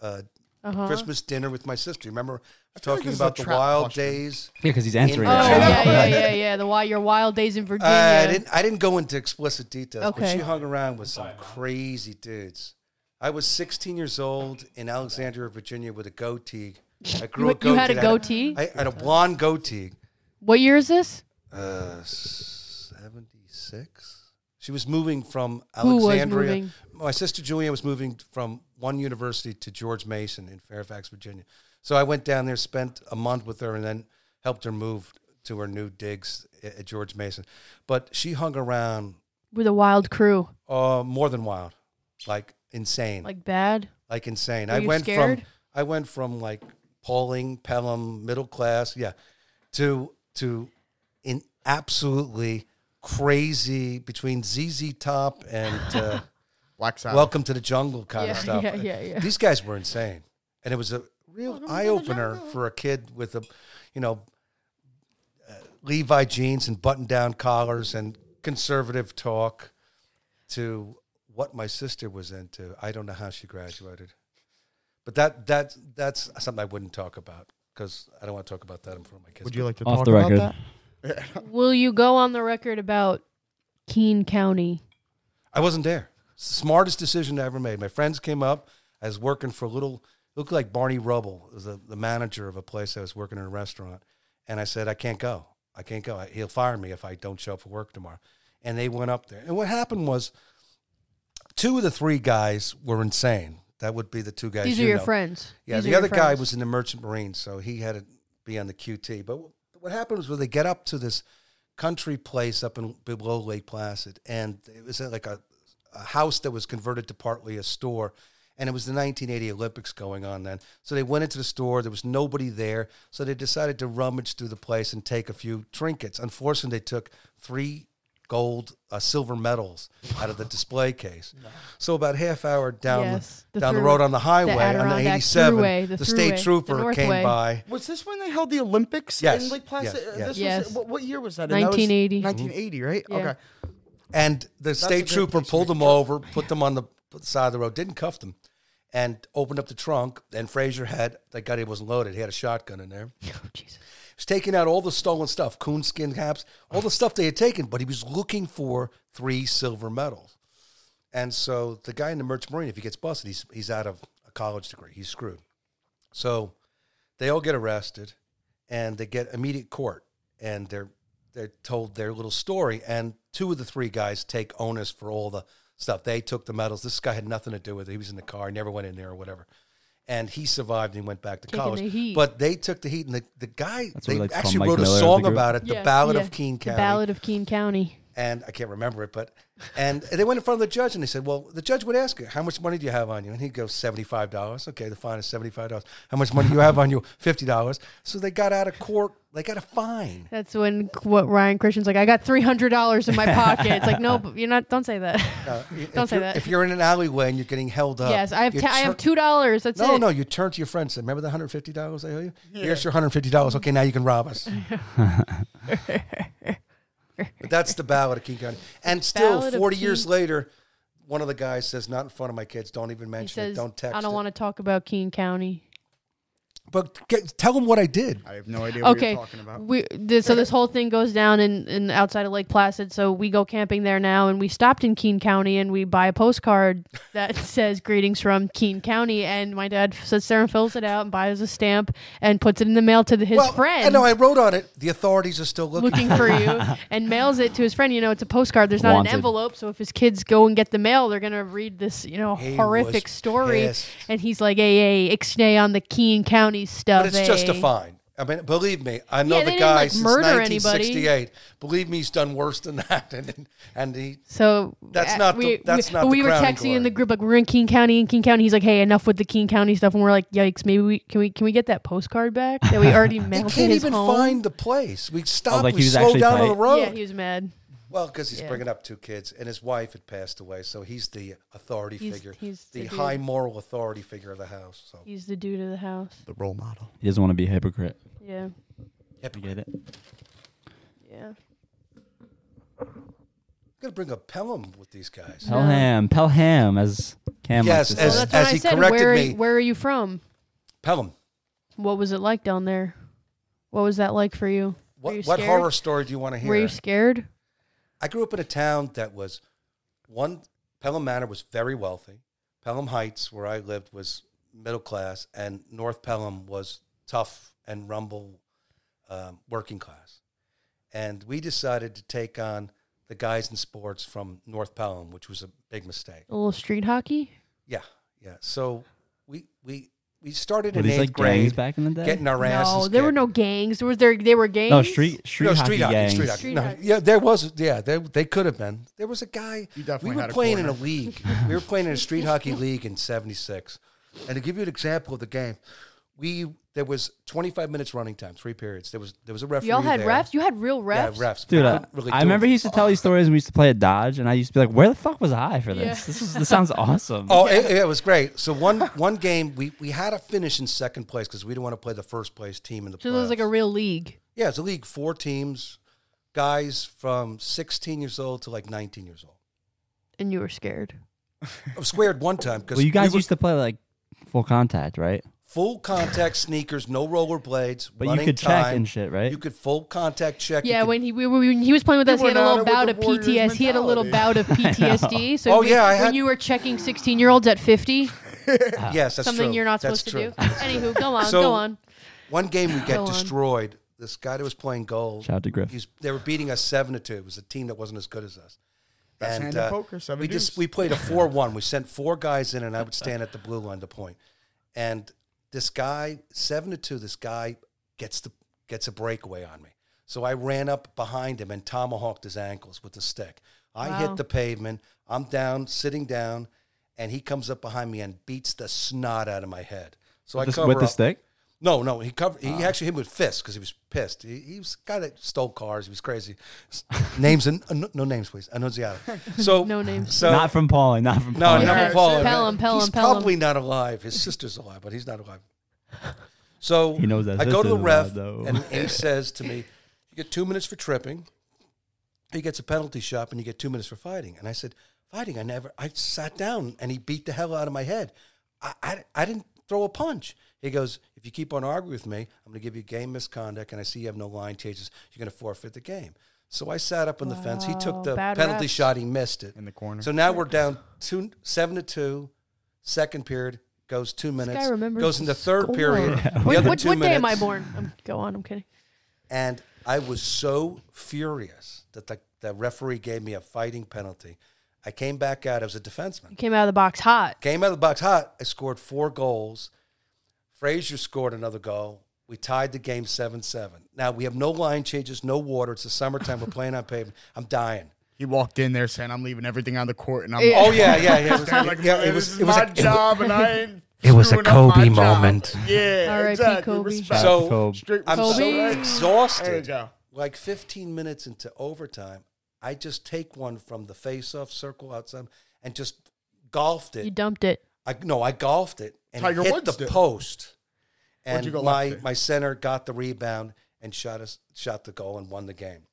[SPEAKER 3] uh,
[SPEAKER 1] Uh-huh.
[SPEAKER 3] Christmas dinner with my sister. Remember
[SPEAKER 4] feel like
[SPEAKER 3] talking
[SPEAKER 4] this is a
[SPEAKER 3] about the
[SPEAKER 4] trap
[SPEAKER 3] wild
[SPEAKER 4] question.
[SPEAKER 3] days?
[SPEAKER 2] Yeah, because he's answering.
[SPEAKER 1] Oh
[SPEAKER 2] it.
[SPEAKER 1] yeah, yeah, yeah, yeah. The wild, your wild days in Virginia.
[SPEAKER 3] Uh, I didn't. I didn't go into explicit details, but
[SPEAKER 1] Okay.
[SPEAKER 3] she hung around with some crazy dudes. I was 16 years old in Alexandria, Virginia, with a goatee. I grew
[SPEAKER 1] You-
[SPEAKER 3] a goatee.
[SPEAKER 1] you had a
[SPEAKER 3] I
[SPEAKER 1] goatee?
[SPEAKER 3] I had a blonde goatee.
[SPEAKER 1] What year is this?
[SPEAKER 3] Uh, 76. She was moving from
[SPEAKER 1] Who was
[SPEAKER 3] Alexandria.
[SPEAKER 1] moving?
[SPEAKER 3] My sister Julia was moving from one university to George Mason in Fairfax, Virginia. So I went down there, spent a month with her, and then helped her move to her new digs a- at George Mason. But she hung around
[SPEAKER 1] With a wild crew,
[SPEAKER 3] uh, more than wild, like insane, like,
[SPEAKER 1] like bad.
[SPEAKER 3] insane.
[SPEAKER 1] Were
[SPEAKER 3] I
[SPEAKER 1] you
[SPEAKER 3] went
[SPEAKER 1] scared?
[SPEAKER 3] from I went from like Pauling, Pelham, middle class, yeah, to to in absolutely crazy between ZZ Top and uh,
[SPEAKER 4] Wax out.
[SPEAKER 3] Welcome to the Jungle kind
[SPEAKER 1] Yeah,
[SPEAKER 3] of stuff.
[SPEAKER 1] yeah, yeah, yeah.
[SPEAKER 3] These guys were insane, and it was a real eye opener for a kid with a, you know, uh, Levi jeans and button down collars and conservative talk, to what my sister was into. I don't know how she graduated, But that that that's something I wouldn't talk about because I don't want to talk about that in front of my kids.
[SPEAKER 4] Would you like to
[SPEAKER 2] Off
[SPEAKER 4] talk
[SPEAKER 2] the
[SPEAKER 4] about
[SPEAKER 2] record.
[SPEAKER 4] that?
[SPEAKER 1] Will you go on the record about Keene County?
[SPEAKER 3] I wasn't there. Smartest decision I ever made. My friends came up. I was working for a little, looked like Barney Rubble, was the, the manager of a place I was working in a restaurant. And I said, I can't go. I can't go. I, he'll fire me if I don't show up for work tomorrow. And they went up there. And what happened was two of the three guys were insane. That would be the two guys.
[SPEAKER 1] These
[SPEAKER 3] you
[SPEAKER 1] are your
[SPEAKER 3] know.
[SPEAKER 1] friends.
[SPEAKER 3] Yeah,
[SPEAKER 1] These are
[SPEAKER 3] the
[SPEAKER 1] your
[SPEAKER 3] other guy
[SPEAKER 1] friends.
[SPEAKER 3] was in the Merchant Marine, so he had to be on the QT. But what happened was when they get up to this country place up in below Lake Placid, and it was like a, a house that was converted to partly a store. And it was the 1980 Olympics going on then. So they went into the store. There was nobody there. So they decided to rummage through the place and take a few trinkets. Unfortunately, they took three gold, uh, silver medals out of the display case. So about half hour down,
[SPEAKER 1] Yes, the
[SPEAKER 3] the, down the
[SPEAKER 1] thru-
[SPEAKER 3] road on the highway
[SPEAKER 1] the
[SPEAKER 3] highway on the
[SPEAKER 1] Adirondack
[SPEAKER 3] 87
[SPEAKER 1] Thruway, the
[SPEAKER 3] the, state
[SPEAKER 1] Thruway, the
[SPEAKER 3] trooper
[SPEAKER 1] North
[SPEAKER 3] came
[SPEAKER 1] Way.
[SPEAKER 3] by
[SPEAKER 4] Was this when they held the Olympics
[SPEAKER 3] Yes,
[SPEAKER 4] in Lake Placid?
[SPEAKER 3] yes,
[SPEAKER 4] Uh,
[SPEAKER 3] yes.
[SPEAKER 4] This
[SPEAKER 1] Yes.
[SPEAKER 4] Was, what, what year was that? And that was
[SPEAKER 1] 1980.
[SPEAKER 4] 1980, right?
[SPEAKER 1] Yeah.
[SPEAKER 4] Okay.
[SPEAKER 3] and the
[SPEAKER 4] a
[SPEAKER 3] state
[SPEAKER 4] great
[SPEAKER 3] trooper
[SPEAKER 4] place to
[SPEAKER 3] pulled
[SPEAKER 4] make
[SPEAKER 3] them over put them on the side of the road didn't cuff them and opened up the trunk and frazier had that guy he wasn't loaded he had a shotgun in there he
[SPEAKER 1] Oh, Jesus.
[SPEAKER 3] was taking out all the stolen stuff coonskin caps all the stuff they had taken but he was looking for three silver medals and so the guy in the merchant marine if he gets busted he's, he's out of a college degree he's screwed so they all get arrested and they get immediate court and they're they're told their little story and two of the three guys take onus for all the stuff they took the medals this guy had nothing to do with it he was in the car he never went in there or whatever and he survived and he went back to
[SPEAKER 1] Taking
[SPEAKER 3] college
[SPEAKER 1] the heat.
[SPEAKER 3] but they took the heat and the, the guy
[SPEAKER 2] That's what
[SPEAKER 3] they
[SPEAKER 2] we like to call
[SPEAKER 3] actually
[SPEAKER 2] Mike
[SPEAKER 3] wrote
[SPEAKER 2] Miller of
[SPEAKER 3] a
[SPEAKER 2] the
[SPEAKER 3] song
[SPEAKER 2] group.
[SPEAKER 3] about it the
[SPEAKER 1] Yeah,
[SPEAKER 3] ballad
[SPEAKER 1] yeah.
[SPEAKER 3] of keene county
[SPEAKER 1] The Ballad of Keene County.
[SPEAKER 3] and I can't remember it, but and they went in front of the judge and they said, "Well, the judge would ask you how much money do you have on you?" And he'd go seventy-five dollars. Okay, the fine is seventy-five dollars. How much money do you have on you? Fifty dollars. So they got out of court. They got a fine.
[SPEAKER 1] That's when what Ryan Christian's like, I got three hundred dollars in my pocket. It's like, no, but you're not. Don't say that.
[SPEAKER 3] Uh,
[SPEAKER 1] Don't
[SPEAKER 3] if
[SPEAKER 1] say
[SPEAKER 3] you're-
[SPEAKER 1] that.
[SPEAKER 3] If you're in an alleyway and you're getting held up,
[SPEAKER 1] yes, I have.
[SPEAKER 3] you
[SPEAKER 1] T- I have
[SPEAKER 3] turn-
[SPEAKER 1] two dollars. That's
[SPEAKER 3] No,
[SPEAKER 1] it.
[SPEAKER 3] no, you turn to your friend and say, Remember the $150 I owe you? Here's your $150. Okay, now you can rob us. But that's the ballad of King County. And still,
[SPEAKER 1] Ballad of
[SPEAKER 3] 40 years
[SPEAKER 1] King-
[SPEAKER 3] later, one of the guys says, Not in front of my kids. Don't even
[SPEAKER 1] He
[SPEAKER 3] mention
[SPEAKER 1] says,
[SPEAKER 3] it. Don't text
[SPEAKER 1] I don't
[SPEAKER 3] it.
[SPEAKER 1] want to talk about Keene County.
[SPEAKER 3] But get, tell him what I did.
[SPEAKER 4] I have no idea what
[SPEAKER 1] okay.
[SPEAKER 4] you're talking about.
[SPEAKER 1] We, th- so this whole thing goes down in, in outside of Lake Placid. So we go camping there now, and we stopped in Keene County, and we buy a postcard that says "Greetings from Keene County," and my dad sits there and fills it out and buys a stamp and puts it in the mail to the, his
[SPEAKER 3] well,
[SPEAKER 1] friend.
[SPEAKER 3] I know I wrote on it. The authorities are still looking.
[SPEAKER 1] looking for you and mails it to his friend. You know, it's a postcard. There's not
[SPEAKER 2] Wanted.
[SPEAKER 1] an envelope, so if his kids go and get the mail, they're gonna read this, you know,
[SPEAKER 3] He
[SPEAKER 1] horrific
[SPEAKER 3] was
[SPEAKER 1] story.
[SPEAKER 3] pissed.
[SPEAKER 1] And he's like, "Hey, hey, ixnay on the Keene County stuff."
[SPEAKER 3] But it's just a
[SPEAKER 1] eh."
[SPEAKER 3] fine. I mean, believe me, I know
[SPEAKER 1] Yeah, they
[SPEAKER 3] the
[SPEAKER 1] didn't,
[SPEAKER 3] guy
[SPEAKER 1] like,
[SPEAKER 3] since
[SPEAKER 1] murder anybody.
[SPEAKER 3] 1968. Believe me, he's done worse than that. And, and he,
[SPEAKER 1] So
[SPEAKER 3] That's
[SPEAKER 1] uh,
[SPEAKER 3] not
[SPEAKER 1] we,
[SPEAKER 3] the- that's
[SPEAKER 1] we,
[SPEAKER 3] not
[SPEAKER 1] but
[SPEAKER 3] the
[SPEAKER 1] we were
[SPEAKER 3] crowning
[SPEAKER 1] texting in
[SPEAKER 3] glory.
[SPEAKER 1] the group like we're in Keene County in Keene County. He's like, "Hey, enough with the Keene County stuff." And we're like, "Yikes, maybe we can we can we get that postcard back that we already
[SPEAKER 3] he
[SPEAKER 1] mailed to
[SPEAKER 3] can't
[SPEAKER 1] his
[SPEAKER 3] even
[SPEAKER 1] home?"
[SPEAKER 3] find the place. We stopped.
[SPEAKER 2] Oh, like
[SPEAKER 3] we
[SPEAKER 2] he was
[SPEAKER 3] slowed
[SPEAKER 2] actually
[SPEAKER 3] down on
[SPEAKER 2] tight.
[SPEAKER 3] the road.
[SPEAKER 1] Yeah, he was mad.
[SPEAKER 3] Well, because he's
[SPEAKER 1] Yeah.
[SPEAKER 3] bringing up two kids, and his wife had passed away, so he's the authority
[SPEAKER 1] He's-
[SPEAKER 3] figure,
[SPEAKER 1] he's the
[SPEAKER 3] the,
[SPEAKER 1] dude.
[SPEAKER 3] high moral authority figure of the house. So
[SPEAKER 1] He's the dude of the house.
[SPEAKER 4] The role model.
[SPEAKER 2] He doesn't want to be a hypocrite.
[SPEAKER 1] Yeah,
[SPEAKER 2] You get it?
[SPEAKER 1] yeah.
[SPEAKER 3] I'm gonna bring up Pelham with these guys.
[SPEAKER 1] No.
[SPEAKER 2] Pelham, Pelham, as Cam
[SPEAKER 3] Yes,
[SPEAKER 2] likes to
[SPEAKER 3] as-
[SPEAKER 1] well,
[SPEAKER 2] say.
[SPEAKER 1] that's what I
[SPEAKER 3] he
[SPEAKER 1] said.
[SPEAKER 3] corrected
[SPEAKER 1] Where
[SPEAKER 3] me.
[SPEAKER 1] where are you from?
[SPEAKER 3] Pelham,
[SPEAKER 1] What was it like down there? What was that like for you? Were you
[SPEAKER 3] what, what
[SPEAKER 1] scared?
[SPEAKER 3] horror story do you want to hear?
[SPEAKER 1] Were you scared?
[SPEAKER 3] I grew up in a town that was one Pelham Manor was very wealthy. Pelham Heights, where I lived, was middle class, and North Pelham was tough and rumble, um, working class. And we decided to take on the guys in sports from North Pelham, which was a big mistake.
[SPEAKER 1] A little street hockey?
[SPEAKER 3] Yeah, yeah. So we we we started
[SPEAKER 2] Were
[SPEAKER 3] in
[SPEAKER 2] these
[SPEAKER 3] eighth
[SPEAKER 2] like gangs
[SPEAKER 3] grade,
[SPEAKER 2] back in the day?
[SPEAKER 3] getting our
[SPEAKER 1] No,
[SPEAKER 3] asses.
[SPEAKER 1] there were
[SPEAKER 3] kicked.
[SPEAKER 1] no gangs. There was there they were gangs.
[SPEAKER 2] no, street street
[SPEAKER 3] no,
[SPEAKER 2] hockey
[SPEAKER 3] street hockey,
[SPEAKER 2] gangs.
[SPEAKER 3] street hockey.
[SPEAKER 1] Street
[SPEAKER 3] no,
[SPEAKER 1] hockey.
[SPEAKER 3] Yeah, there was. Yeah, there, they could have been. There was a guy.
[SPEAKER 4] You definitely
[SPEAKER 3] we were
[SPEAKER 4] had a
[SPEAKER 3] playing in
[SPEAKER 4] corner.
[SPEAKER 3] a league. we were playing in a street hockey league in '76. And to give you an example of the game, we there was 25 minutes running time, three periods. There was there was a referee.
[SPEAKER 1] Y'all had
[SPEAKER 3] there.
[SPEAKER 1] refs. You had real
[SPEAKER 3] Yeah,
[SPEAKER 1] refs.
[SPEAKER 3] refs.
[SPEAKER 2] Dude,
[SPEAKER 3] I
[SPEAKER 2] I,
[SPEAKER 3] couldn't really
[SPEAKER 2] I
[SPEAKER 3] do
[SPEAKER 2] remember
[SPEAKER 3] it.
[SPEAKER 2] he used to tell these stories when we used to play at Dodge, and I used to be like, "Where the fuck was I for this?
[SPEAKER 1] Yeah.
[SPEAKER 2] This is this sounds awesome."
[SPEAKER 3] Oh, it, it was great. So one one game we we had to finish in second place because we didn't want to play the first place team in the.
[SPEAKER 1] So there was like a
[SPEAKER 3] playoffs.
[SPEAKER 1] real league.
[SPEAKER 3] Yeah, it's a league, four teams, guys from 16 years old to like 19 years old.
[SPEAKER 1] And you were scared.
[SPEAKER 3] I was squared one time because
[SPEAKER 2] well, you guys used to play like full contact, right?
[SPEAKER 3] Full contact sneakers, no rollerblades.
[SPEAKER 2] But
[SPEAKER 3] running
[SPEAKER 2] you could
[SPEAKER 3] time.
[SPEAKER 2] check and shit, right?
[SPEAKER 3] You could full contact check. you
[SPEAKER 1] Yeah,
[SPEAKER 3] could-
[SPEAKER 1] when he we were, when he was playing with us, he had a
[SPEAKER 3] went
[SPEAKER 1] little
[SPEAKER 3] on it with
[SPEAKER 1] bout
[SPEAKER 3] the
[SPEAKER 1] of
[SPEAKER 3] Warriors
[SPEAKER 1] PTSD. He had a little bout of PTSD. So
[SPEAKER 3] Oh,
[SPEAKER 1] we-
[SPEAKER 3] yeah, I
[SPEAKER 1] when
[SPEAKER 3] had-
[SPEAKER 1] you were checking sixteen-year-olds at fifty,
[SPEAKER 3] yes, that's
[SPEAKER 1] something
[SPEAKER 3] true.
[SPEAKER 1] you're not
[SPEAKER 3] That's
[SPEAKER 1] supposed
[SPEAKER 3] true.
[SPEAKER 1] to do. Anywho, go on,
[SPEAKER 3] So-
[SPEAKER 1] go on.
[SPEAKER 3] One game we
[SPEAKER 1] Go
[SPEAKER 3] get
[SPEAKER 1] on.
[SPEAKER 3] destroyed. This guy that was playing gold.
[SPEAKER 2] Shout out to Griff.
[SPEAKER 3] He's, they were beating us seven to two. It was a team that wasn't as good as us. uh,
[SPEAKER 4] Best hand in poker, seven
[SPEAKER 3] we
[SPEAKER 4] deuce.
[SPEAKER 3] just we played a four one. We sent four guys in, and I would stand at the blue line to point. And this guy, seven to two, this guy gets the gets a breakaway on me. So I ran up behind him and tomahawked his ankles with the stick. I
[SPEAKER 1] Wow.
[SPEAKER 3] hit the pavement. I'm down, sitting down, and he comes up behind me and beats the snot out of my head. So I
[SPEAKER 2] With the,
[SPEAKER 3] cover
[SPEAKER 2] with the
[SPEAKER 3] up.
[SPEAKER 2] stick?
[SPEAKER 3] No, no, he covered. He actually hit me with fists because he was pissed. He, he was guy that stole cars. He was crazy. S- names and uh, no, no names, please. Annunziata. So
[SPEAKER 1] No names.
[SPEAKER 3] So
[SPEAKER 2] not from Paulie, not from
[SPEAKER 3] no,
[SPEAKER 2] Paulie.
[SPEAKER 3] not
[SPEAKER 1] Yeah,
[SPEAKER 3] from Paul.
[SPEAKER 1] Pelham, Pelham,
[SPEAKER 3] he's
[SPEAKER 1] Pelham.
[SPEAKER 3] probably not alive. His sister's alive, but he's not alive. So
[SPEAKER 2] He knows that
[SPEAKER 3] I go to the
[SPEAKER 2] sister's
[SPEAKER 3] ref,
[SPEAKER 2] alive, though.
[SPEAKER 3] and he says to me, "You get two minutes for tripping. He gets a penalty shot, and you get two minutes for fighting." And I said, "Fighting? I never. I sat down, and he beat the hell out of my head. I, I, I didn't throw a punch." He goes, "If you keep on arguing with me, I'm going to give you game misconduct, and I see you have no line changes. You're going to forfeit the game." So I sat up on the fence. He
[SPEAKER 1] Wow,
[SPEAKER 3] took the
[SPEAKER 1] bad
[SPEAKER 3] penalty
[SPEAKER 1] refs.
[SPEAKER 3] shot. He missed it
[SPEAKER 4] in the corner.
[SPEAKER 3] so now we're down two, seven to two. Second period goes two
[SPEAKER 1] This
[SPEAKER 3] minutes.
[SPEAKER 1] guy remembers
[SPEAKER 3] goes in the third
[SPEAKER 1] score.
[SPEAKER 3] period. The
[SPEAKER 1] What,
[SPEAKER 3] other
[SPEAKER 1] what,
[SPEAKER 3] two
[SPEAKER 1] what day am I
[SPEAKER 3] minutes.
[SPEAKER 1] born? Um, go on. I'm kidding.
[SPEAKER 3] And I was so furious that the, the referee gave me a fighting penalty. I came back out. I was a defenseman.
[SPEAKER 1] You came out of the box hot.
[SPEAKER 3] Came out of the box hot. I scored four goals. Frazier scored another goal. We tied the game 7 7. Now we have no line changes, no water. It's the summertime. We're playing on pavement. I'm dying.
[SPEAKER 4] he walked in there saying, "I'm leaving everything on the court," and I'm
[SPEAKER 1] Yeah.
[SPEAKER 3] Oh, yeah, yeah, yeah. It was,
[SPEAKER 4] like,
[SPEAKER 3] yeah, it
[SPEAKER 4] "This
[SPEAKER 3] was,
[SPEAKER 4] is
[SPEAKER 3] it was
[SPEAKER 4] my
[SPEAKER 3] a-
[SPEAKER 4] job, and I ain't."
[SPEAKER 3] It was a
[SPEAKER 4] screwing up my
[SPEAKER 3] Kobe
[SPEAKER 4] job."
[SPEAKER 3] moment.
[SPEAKER 4] Yeah,
[SPEAKER 1] R.I.P.
[SPEAKER 4] exactly.
[SPEAKER 1] Kobe.
[SPEAKER 2] Shout
[SPEAKER 4] Respect.
[SPEAKER 2] out to
[SPEAKER 3] So-
[SPEAKER 2] Kobe.
[SPEAKER 4] Straight
[SPEAKER 3] I'm
[SPEAKER 4] respect.
[SPEAKER 1] Kobe.
[SPEAKER 3] so exhausted.
[SPEAKER 4] There you go.
[SPEAKER 3] Like 15 minutes into overtime, I just take one from the face-off circle outside and just golfed
[SPEAKER 1] You
[SPEAKER 3] it.
[SPEAKER 1] dumped it.
[SPEAKER 3] I no, I golfed it and
[SPEAKER 4] Tiger
[SPEAKER 3] hit
[SPEAKER 4] Woods
[SPEAKER 3] the
[SPEAKER 4] did.
[SPEAKER 3] post.
[SPEAKER 4] Where'd
[SPEAKER 3] And
[SPEAKER 4] you go
[SPEAKER 3] my
[SPEAKER 4] lefty?
[SPEAKER 3] my center got the rebound and shot us shot the goal and won the game.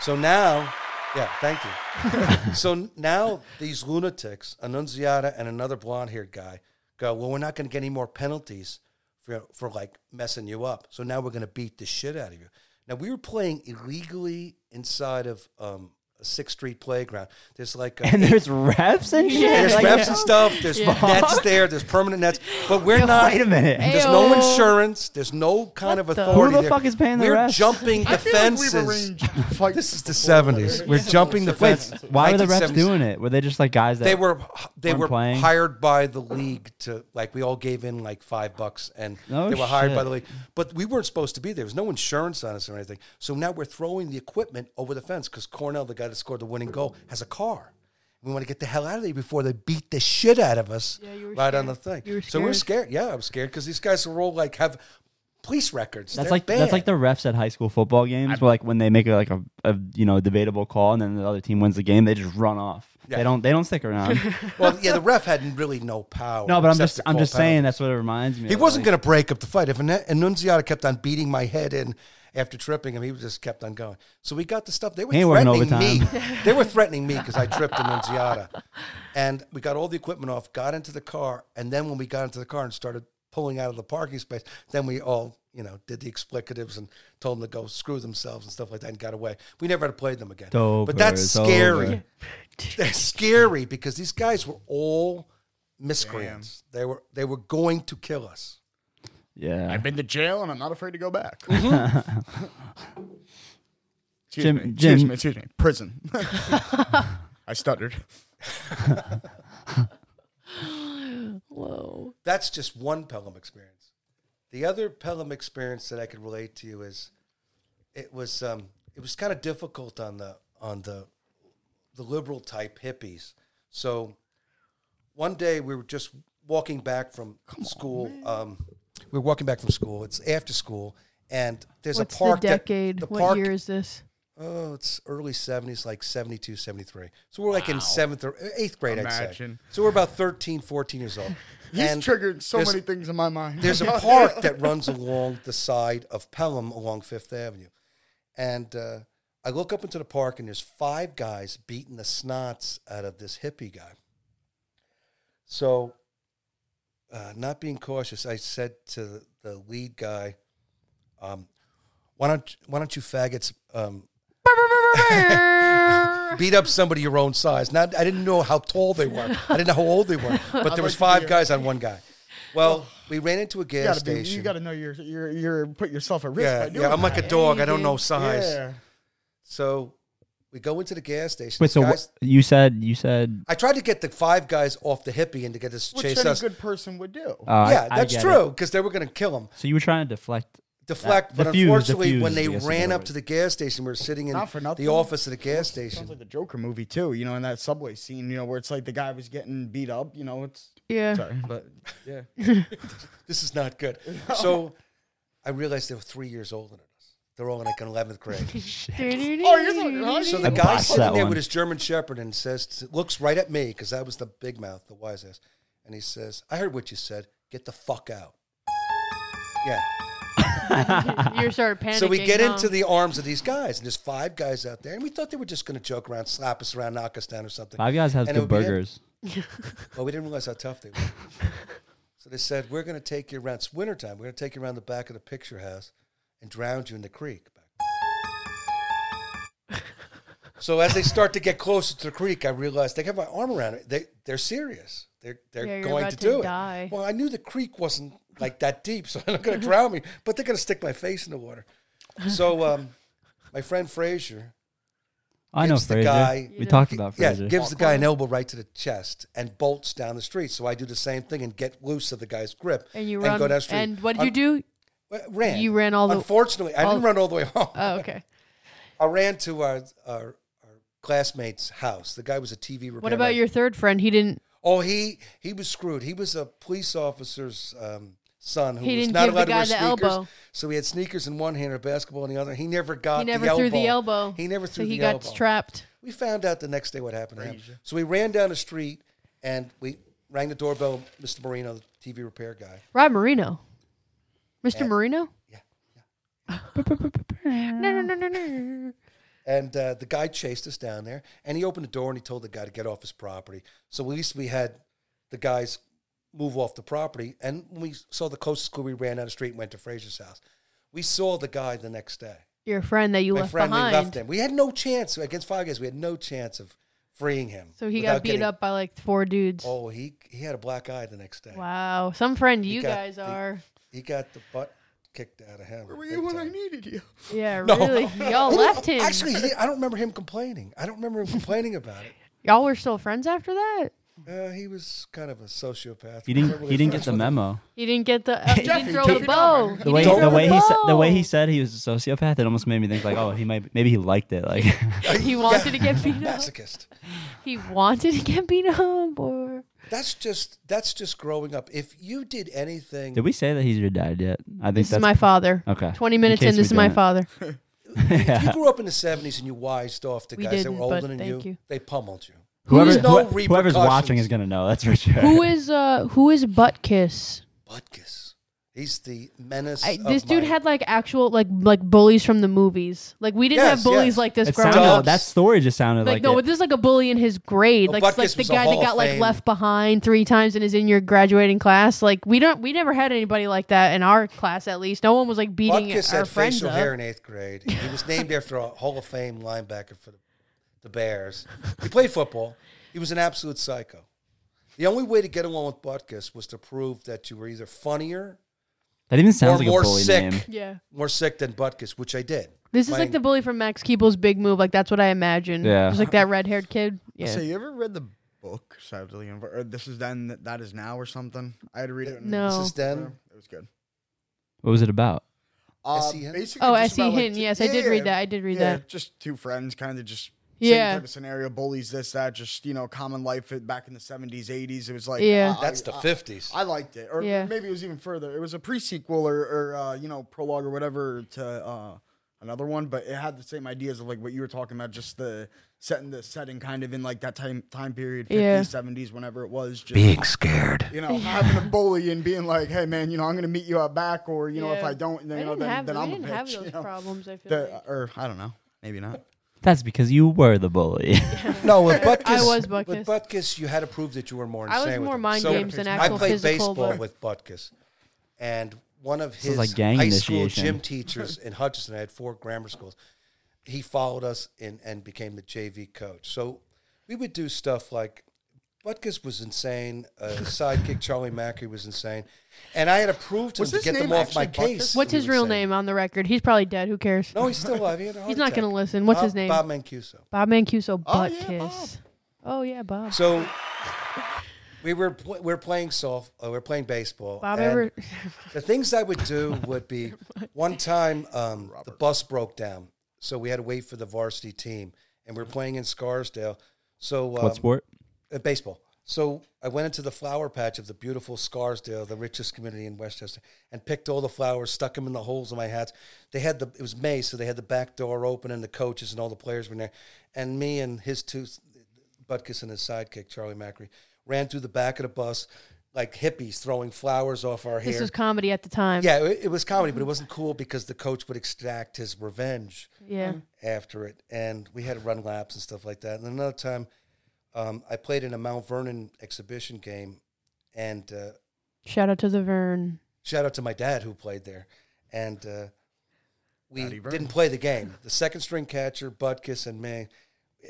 [SPEAKER 3] So now, yeah, thank you. so now these lunatics, Annunziata and another blonde-haired guy, go. Well, we're not going to get any more penalties for for like messing you up. So now we're going to beat the shit out of you. Now we were playing illegally inside of um, a Sixth Street playground. There's like a
[SPEAKER 2] And there's refs and shit.
[SPEAKER 3] there's
[SPEAKER 2] like,
[SPEAKER 3] reps and stuff. There's
[SPEAKER 1] Yeah.
[SPEAKER 3] nets there. There's permanent nets. But we're
[SPEAKER 2] Yo,
[SPEAKER 3] not.
[SPEAKER 2] wait a minute.
[SPEAKER 3] There's no
[SPEAKER 1] Ayo.
[SPEAKER 3] insurance. There's no kind of
[SPEAKER 1] What the-
[SPEAKER 3] authority.
[SPEAKER 2] Who the
[SPEAKER 3] there.
[SPEAKER 2] fuck is paying the
[SPEAKER 3] We're
[SPEAKER 2] refs?
[SPEAKER 3] jumping the
[SPEAKER 4] I feel like we've
[SPEAKER 3] fences.
[SPEAKER 4] arranged fights
[SPEAKER 3] this is the
[SPEAKER 4] before, but
[SPEAKER 3] 70s.
[SPEAKER 4] it-
[SPEAKER 3] We're jumping the
[SPEAKER 2] Wait,
[SPEAKER 3] fence.
[SPEAKER 2] why were the refs
[SPEAKER 3] 1970s.
[SPEAKER 2] doing it? Were they just like guys that
[SPEAKER 3] They were they
[SPEAKER 2] Weren't
[SPEAKER 3] were
[SPEAKER 2] playing?
[SPEAKER 3] hired by the league to like we all gave in like five bucks and
[SPEAKER 2] No
[SPEAKER 3] they were hired
[SPEAKER 2] shit.
[SPEAKER 3] by the league, but we weren't supposed to be there. There was no insurance on us or anything. So now we're throwing the equipment over the fence because Cornell, the guy that scored the winning goal, has a car. We want to get the hell out of there before they beat the shit out of us
[SPEAKER 1] Yeah, you were
[SPEAKER 3] right on the
[SPEAKER 1] scared.
[SPEAKER 3] thing.
[SPEAKER 1] You were
[SPEAKER 3] so we're scared. Yeah, I'm scared because these guys are all like have police records.
[SPEAKER 2] That's
[SPEAKER 3] They're
[SPEAKER 2] like that's
[SPEAKER 3] bad.
[SPEAKER 2] like the refs at high school football games, where like when they make a, like a, a you know debatable call and then the other team wins the game, they just run off.
[SPEAKER 3] Yeah.
[SPEAKER 2] They don't they don't stick around.
[SPEAKER 3] well, yeah, the ref had really no power.
[SPEAKER 2] no, but I'm
[SPEAKER 3] except
[SPEAKER 2] just
[SPEAKER 3] to
[SPEAKER 2] I'm
[SPEAKER 3] call
[SPEAKER 2] just saying
[SPEAKER 3] penalties.
[SPEAKER 2] that's what it reminds me.
[SPEAKER 3] He
[SPEAKER 2] of,
[SPEAKER 3] wasn't
[SPEAKER 2] like,
[SPEAKER 3] going to break up the fight. If Ann- Annunziata kept on beating my head in after tripping him, he just kept on going. So we got the stuff. They were
[SPEAKER 2] He ain't working
[SPEAKER 3] threatening me.
[SPEAKER 2] overtime.
[SPEAKER 3] they were threatening me because I tripped Annunziata. And we got all the equipment off, got into the car, and then when we got into the car and started pulling out of the parking space, then we all, you know, did the explicatives and told them to go screw themselves and stuff like that and got away. We never had to play them again.
[SPEAKER 2] Dover,
[SPEAKER 3] but that's
[SPEAKER 2] it's
[SPEAKER 3] scary
[SPEAKER 2] over.
[SPEAKER 3] they're scary because these guys were all miscreants. They were they were going to kill us.
[SPEAKER 2] Yeah,
[SPEAKER 4] I've been to jail, and I'm not afraid to go back. excuse
[SPEAKER 2] Jim- Jim-
[SPEAKER 4] me. excuse me. Excuse me. Prison. I stuttered.
[SPEAKER 1] Whoa.
[SPEAKER 3] That's just one Pelham experience. The other Pelham experience that I could relate to you is it was um, it was kind of difficult on the on the the liberal type hippies. So one day we were just walking back from school. um, we were walking back from school. It's after school, and there's
[SPEAKER 1] What's
[SPEAKER 3] a park.
[SPEAKER 1] the
[SPEAKER 3] that-
[SPEAKER 1] decade?
[SPEAKER 3] the
[SPEAKER 1] what
[SPEAKER 3] park-
[SPEAKER 1] year is this?
[SPEAKER 3] oh, it's early 70s, like 72, 73. So we're like in seventh or eighth grade,
[SPEAKER 4] Imagine.
[SPEAKER 3] I'd say. So we're about 13, 14 years old.
[SPEAKER 4] He's
[SPEAKER 3] And
[SPEAKER 4] triggered so
[SPEAKER 3] there's-
[SPEAKER 4] many things in my mind.
[SPEAKER 3] There's a park that runs along the side of Pelham along Fifth Avenue. And uh, I look up into the park, and there's five guys beating the snots out of this hippie guy. So uh, not being cautious, I said to the- the lead guy, um, "Why don't why don't you faggots um, beat up somebody your own size?" Now I didn't know how tall they were. I didn't know how old they were, but there was five guys on one guy. Well, we ran into a
[SPEAKER 4] You
[SPEAKER 3] gas
[SPEAKER 4] gotta, be, you
[SPEAKER 3] station.
[SPEAKER 4] gotta know you're, you're, you're put yourself at risk.
[SPEAKER 3] yeah,
[SPEAKER 4] by doing
[SPEAKER 3] yeah. I'm like a
[SPEAKER 4] that.
[SPEAKER 3] dog. I don't know size.
[SPEAKER 4] Yeah.
[SPEAKER 3] So we go into the gas station.
[SPEAKER 2] Wait,
[SPEAKER 3] The
[SPEAKER 2] so
[SPEAKER 3] guys-
[SPEAKER 2] what, you said you said
[SPEAKER 3] I tried to get the five guys off the hippie and to get us to
[SPEAKER 4] Which
[SPEAKER 3] chase
[SPEAKER 4] any
[SPEAKER 3] us.
[SPEAKER 4] good person would do.
[SPEAKER 2] uh, I-
[SPEAKER 3] yeah,
[SPEAKER 2] I
[SPEAKER 3] that's
[SPEAKER 2] get it.
[SPEAKER 3] true because they were going to kill him.
[SPEAKER 2] So you were trying to deflect.
[SPEAKER 3] Deflect,
[SPEAKER 2] The
[SPEAKER 3] but
[SPEAKER 2] fuse, the
[SPEAKER 3] unfortunately,
[SPEAKER 2] fuse,
[SPEAKER 3] when they
[SPEAKER 2] I guess, is
[SPEAKER 3] ran
[SPEAKER 2] what it
[SPEAKER 3] up
[SPEAKER 2] was.
[SPEAKER 3] to the gas station, we were sitting in
[SPEAKER 4] Not for nothing.
[SPEAKER 3] the office of the gas station.
[SPEAKER 4] Sounds like the Joker movie too, you know, in that subway scene, you know, where it's like the guy was getting beat up, you know, it's
[SPEAKER 1] Yeah.
[SPEAKER 4] sorry, but yeah.
[SPEAKER 3] this is not good. So I realized they were three years older than us. They're all in like an 11th grade.
[SPEAKER 4] Oh, you're talking- huh?
[SPEAKER 3] So the
[SPEAKER 2] I
[SPEAKER 3] guy
[SPEAKER 2] botched
[SPEAKER 3] sitting
[SPEAKER 2] that
[SPEAKER 3] there
[SPEAKER 2] one.
[SPEAKER 3] with his German Shepherd and says, looks right at me because I was the big mouth, the wise ass. And he says, I heard what you said. Get the fuck out. Yeah.
[SPEAKER 1] you're sort of panicking.
[SPEAKER 3] So we get
[SPEAKER 1] huh?
[SPEAKER 3] into the arms of these guys, and there's five guys out there, and we thought they were just going to joke around, slap us around, knock us down, or something.
[SPEAKER 2] Five Guys has
[SPEAKER 3] And it
[SPEAKER 2] good
[SPEAKER 3] would be it.
[SPEAKER 2] burgers.
[SPEAKER 3] Well, we didn't realize how tough they were. so they said, We're going to take you around. It's wintertime. We're going to take you around the back of the picture house and drown you in the creek. so as they start to get closer to the creek, I realized they have my arm around it. They, they're serious. They're, they're
[SPEAKER 1] Yeah, you're
[SPEAKER 3] going
[SPEAKER 1] about
[SPEAKER 3] to
[SPEAKER 1] to
[SPEAKER 3] do
[SPEAKER 1] die.
[SPEAKER 3] it. Well, I knew the creek wasn't like that deep, so they're not going to drown me, but they're going to stick my face in the water. So um, my friend Frazier,
[SPEAKER 2] I know
[SPEAKER 3] gives the
[SPEAKER 2] Fraser.
[SPEAKER 3] guy-
[SPEAKER 2] we talked
[SPEAKER 3] Gi-
[SPEAKER 2] about
[SPEAKER 3] yeah,
[SPEAKER 2] Fraser.
[SPEAKER 3] gives the guy an elbow right to the chest and bolts down the street. So I do the same thing and get loose of the guy's grip
[SPEAKER 1] and you run.
[SPEAKER 3] go down the street.
[SPEAKER 1] and what did you
[SPEAKER 3] Un-
[SPEAKER 1] do?
[SPEAKER 3] w- Ran.
[SPEAKER 1] You ran all the-
[SPEAKER 3] Unfortunately, I
[SPEAKER 1] all-
[SPEAKER 3] didn't run all the way home.
[SPEAKER 1] Oh, okay.
[SPEAKER 3] I ran to our, our our classmate's house. The guy was a TV repairman.
[SPEAKER 1] What about your third friend? He didn't.
[SPEAKER 3] Oh, he he was screwed. He was a police officer's um, son who
[SPEAKER 1] He
[SPEAKER 3] was
[SPEAKER 1] didn't
[SPEAKER 3] not
[SPEAKER 1] give the
[SPEAKER 3] allowed to wear
[SPEAKER 1] guy the
[SPEAKER 3] sneakers.
[SPEAKER 1] elbow.
[SPEAKER 3] So he had sneakers in one hand or basketball in the other. He never got
[SPEAKER 1] He never
[SPEAKER 3] Uh, the
[SPEAKER 1] threw
[SPEAKER 3] elbow.
[SPEAKER 1] the elbow.
[SPEAKER 3] He never threw
[SPEAKER 1] So he
[SPEAKER 3] the
[SPEAKER 1] got
[SPEAKER 3] elbow.
[SPEAKER 1] trapped.
[SPEAKER 3] We found out the next day what happened to him. So we ran down the street and we rang the doorbell. Mr. Marino, the TV repair guy.
[SPEAKER 1] Rob Marino. Mr. Marino?
[SPEAKER 3] Yeah,
[SPEAKER 1] No, no, no, no, no.
[SPEAKER 3] And uh, the guy chased us down there, and he opened the door and he told the guy to get off his property. So at least we had the guys move off the property. And when we saw the coast school, we ran down the street and went to Fraser's house. We saw the guy the next day.
[SPEAKER 1] Your friend that you
[SPEAKER 3] My
[SPEAKER 1] left
[SPEAKER 3] friend,
[SPEAKER 1] behind.
[SPEAKER 3] we left him. We had no chance against five guys. We had no chance of freeing him.
[SPEAKER 1] So he
[SPEAKER 3] without
[SPEAKER 1] got beat
[SPEAKER 3] getting-
[SPEAKER 1] up by like four dudes.
[SPEAKER 3] Oh, he he had a black eye the next day.
[SPEAKER 1] Wow. Some friend you
[SPEAKER 3] got
[SPEAKER 1] guys
[SPEAKER 3] the-
[SPEAKER 1] are.
[SPEAKER 3] He got the butt kicked out of him. Where
[SPEAKER 4] Were you when I needed you?
[SPEAKER 1] Yeah,
[SPEAKER 3] No.
[SPEAKER 1] really. Y'all left him.
[SPEAKER 3] Actually, he, I don't remember him complaining. I don't remember him complaining about it.
[SPEAKER 1] Y'all were still friends after that?
[SPEAKER 3] Uh, he was kind of a sociopath.
[SPEAKER 2] He
[SPEAKER 3] We weren't
[SPEAKER 2] didn't.
[SPEAKER 3] really
[SPEAKER 2] He didn't get the
[SPEAKER 3] friends with him.
[SPEAKER 2] memo.
[SPEAKER 1] You didn't get the. Uh, you
[SPEAKER 4] Jeffy,
[SPEAKER 1] didn't throw
[SPEAKER 4] Jeffy
[SPEAKER 1] the bow.
[SPEAKER 4] Dahmer.
[SPEAKER 1] You
[SPEAKER 2] The way,
[SPEAKER 1] didn't
[SPEAKER 2] the
[SPEAKER 1] throw
[SPEAKER 2] way he said, the way
[SPEAKER 1] bow.
[SPEAKER 2] he said he was a sociopath, it almost made me think like, oh, he might, maybe he liked it. Like,
[SPEAKER 1] He wanted to get beat up.
[SPEAKER 3] Masochist.
[SPEAKER 1] He wanted to get beat up. Or
[SPEAKER 3] That's just that's just growing up. If you did anything,
[SPEAKER 2] did we say that he's your dad yet? I think
[SPEAKER 1] this
[SPEAKER 2] that's
[SPEAKER 1] is my father.
[SPEAKER 2] okay.
[SPEAKER 1] Twenty minutes
[SPEAKER 2] In
[SPEAKER 1] in,
[SPEAKER 2] case
[SPEAKER 1] this
[SPEAKER 2] we
[SPEAKER 1] is my
[SPEAKER 2] didn't.
[SPEAKER 1] father.
[SPEAKER 3] if you grew up in the seventies and you wised off to
[SPEAKER 1] We
[SPEAKER 3] guys that
[SPEAKER 1] didn't,
[SPEAKER 3] were older
[SPEAKER 1] but
[SPEAKER 3] than you,
[SPEAKER 1] thank you.
[SPEAKER 3] they pummeled you.
[SPEAKER 2] Whoever,
[SPEAKER 3] There's no
[SPEAKER 2] who- whoever's watching is gonna know. That's for sure.
[SPEAKER 1] who is uh? Who is butt kiss?
[SPEAKER 3] Butkus. He's the menace.
[SPEAKER 1] I,
[SPEAKER 3] of
[SPEAKER 1] this dude
[SPEAKER 3] my-
[SPEAKER 1] had like actual like like bullies from the movies. Like we didn't
[SPEAKER 3] Yes,
[SPEAKER 1] have bullies
[SPEAKER 3] yes.
[SPEAKER 1] like this
[SPEAKER 2] it
[SPEAKER 1] growing
[SPEAKER 2] sounded,
[SPEAKER 1] up.
[SPEAKER 3] up.
[SPEAKER 2] that story just sounded
[SPEAKER 1] Like,
[SPEAKER 2] like,
[SPEAKER 1] no,
[SPEAKER 2] it.
[SPEAKER 1] but this is like a bully in his grade.
[SPEAKER 3] Oh,
[SPEAKER 1] like it's
[SPEAKER 3] Butkus
[SPEAKER 1] like the
[SPEAKER 3] was a
[SPEAKER 1] guy
[SPEAKER 3] Hall
[SPEAKER 1] that
[SPEAKER 3] of
[SPEAKER 1] got like
[SPEAKER 3] Fame.
[SPEAKER 1] left behind three times in his in your graduating class. Like we don't we never had anybody like that in our class at least. No one was like beating
[SPEAKER 3] Butkus
[SPEAKER 1] our
[SPEAKER 3] had
[SPEAKER 1] friends
[SPEAKER 3] facial
[SPEAKER 1] up.
[SPEAKER 3] hair in eighth grade. He was named after a Hall of Fame linebacker for the, the Bears. He played football. He was an absolute psycho. The only way to get along with Butkus was to prove that you were either funnier,
[SPEAKER 2] that even sounds like a
[SPEAKER 3] more
[SPEAKER 2] bully
[SPEAKER 3] sick.
[SPEAKER 2] name.
[SPEAKER 1] Yeah.
[SPEAKER 3] more sick than Butkus, which I did.
[SPEAKER 1] This is
[SPEAKER 3] My-
[SPEAKER 1] like the bully from Max Keeble's Big Move. Like that's what I imagine.
[SPEAKER 2] Yeah.
[SPEAKER 1] Just like that red haired kid. Yeah.
[SPEAKER 4] So you ever read the book, sadly, and- or this is then that- that is now or something? I had to read it. and-
[SPEAKER 1] No.
[SPEAKER 3] This is then.
[SPEAKER 4] It was good.
[SPEAKER 2] What was it about?
[SPEAKER 4] Uh,
[SPEAKER 3] S.E. Hinton?
[SPEAKER 4] basically
[SPEAKER 1] oh, I
[SPEAKER 4] just
[SPEAKER 1] see
[SPEAKER 4] about, like,
[SPEAKER 1] Hinton.
[SPEAKER 4] t-
[SPEAKER 1] Yes, I did
[SPEAKER 4] yeah,
[SPEAKER 1] read that. I did read
[SPEAKER 4] yeah,
[SPEAKER 1] that.
[SPEAKER 4] just two friends, kind of just
[SPEAKER 1] Yeah.
[SPEAKER 4] same type of scenario, bullies, this, that, just you know, common life it- back in the seventies, eighties. It was like
[SPEAKER 1] Yeah.
[SPEAKER 4] uh,
[SPEAKER 3] That's the
[SPEAKER 4] I-
[SPEAKER 3] fifties.
[SPEAKER 4] I liked it, or
[SPEAKER 1] Yeah.
[SPEAKER 4] maybe it was even further. It was a prequel or, or uh, you know prologue or whatever to uh, another one, but it had the same ideas of like what you were talking about, just the setting the setting kind of in like that time time period,
[SPEAKER 1] Yeah.
[SPEAKER 4] fifties, seventies, whenever it was. Just,
[SPEAKER 3] scared.
[SPEAKER 4] you know, having a bully and being like, hey man, you know, I'm gonna meet you out back, or you know, if
[SPEAKER 1] Yeah.
[SPEAKER 4] I don't, then,
[SPEAKER 1] I
[SPEAKER 4] you know,
[SPEAKER 1] didn't
[SPEAKER 4] then,
[SPEAKER 1] have
[SPEAKER 4] then
[SPEAKER 1] we
[SPEAKER 4] I'm a
[SPEAKER 1] didn't have
[SPEAKER 4] bitch.
[SPEAKER 1] those
[SPEAKER 4] you know?
[SPEAKER 1] problems, I feel
[SPEAKER 4] The- uh,
[SPEAKER 1] like.
[SPEAKER 4] or I don't know, maybe not.
[SPEAKER 2] That's because you were the bully.
[SPEAKER 3] No, with Butkus,
[SPEAKER 1] I was Butkus.
[SPEAKER 3] With Butkus, you had to prove that you were more
[SPEAKER 1] I
[SPEAKER 3] insane.
[SPEAKER 1] was
[SPEAKER 3] with
[SPEAKER 1] more
[SPEAKER 3] him.
[SPEAKER 1] mind
[SPEAKER 3] So
[SPEAKER 1] games than
[SPEAKER 3] I
[SPEAKER 1] actual
[SPEAKER 3] played
[SPEAKER 1] physical,
[SPEAKER 3] baseball
[SPEAKER 1] but-
[SPEAKER 3] with Butkus, and one of
[SPEAKER 2] is
[SPEAKER 3] his
[SPEAKER 2] like gang
[SPEAKER 3] high school
[SPEAKER 2] initiation.
[SPEAKER 3] gym teachers in Hutchinson. I had four grammar schools. He followed us in and became the JV coach. So we would do stuff like Butkus was insane. Uh, his sidekick Charlie Mackey was insane, and I had to prove to
[SPEAKER 4] Was
[SPEAKER 3] him to
[SPEAKER 4] his
[SPEAKER 3] get them
[SPEAKER 4] name
[SPEAKER 3] off my
[SPEAKER 4] actually Butkus?
[SPEAKER 3] case.
[SPEAKER 1] What's
[SPEAKER 3] he
[SPEAKER 1] his
[SPEAKER 3] was
[SPEAKER 1] real
[SPEAKER 3] saying.
[SPEAKER 1] name on the record? He's probably dead. Who cares?
[SPEAKER 3] No, he's still alive. He had a heart
[SPEAKER 1] He's not
[SPEAKER 3] attack.
[SPEAKER 1] going to listen. What's
[SPEAKER 3] Bob-
[SPEAKER 1] his name?
[SPEAKER 3] Bob Mancuso.
[SPEAKER 1] Bob Mancuso
[SPEAKER 4] Oh,
[SPEAKER 1] butt
[SPEAKER 4] yeah,
[SPEAKER 1] kiss. Oh yeah, Bob.
[SPEAKER 3] So we were pl- we are playing soft. Uh, we are playing baseball.
[SPEAKER 1] Bob
[SPEAKER 3] and
[SPEAKER 1] ever?
[SPEAKER 3] the things I would do would be one time um, the bus broke down, so we had to wait for the varsity team, and we are playing in Scarsdale. So um,
[SPEAKER 2] what sport?
[SPEAKER 3] uh, baseball. So I went into the flower patch of the beautiful Scarsdale, the richest community in Westchester, and picked all the flowers, stuck them in the holes of my hats. They had the it was May, so they had the back door open, and the coaches and all the players were in there, and me and his two, Butkus and his sidekick Charlie Macri, ran through the back of the bus like hippies throwing flowers off our hair.
[SPEAKER 1] This was comedy at the time.
[SPEAKER 3] yeah, it, it was comedy, but it wasn't cool because the coach would extract his revenge
[SPEAKER 1] Yeah.
[SPEAKER 3] after it, and we had to run laps and stuff like that. And another time, um, I played in a Mount Vernon exhibition game, and uh,
[SPEAKER 1] Shout out to the Vern.
[SPEAKER 3] shout out to my dad who played there, and uh, we
[SPEAKER 4] Howdy, Vern.
[SPEAKER 3] didn't play the game. The second string catcher, Butkus, and me.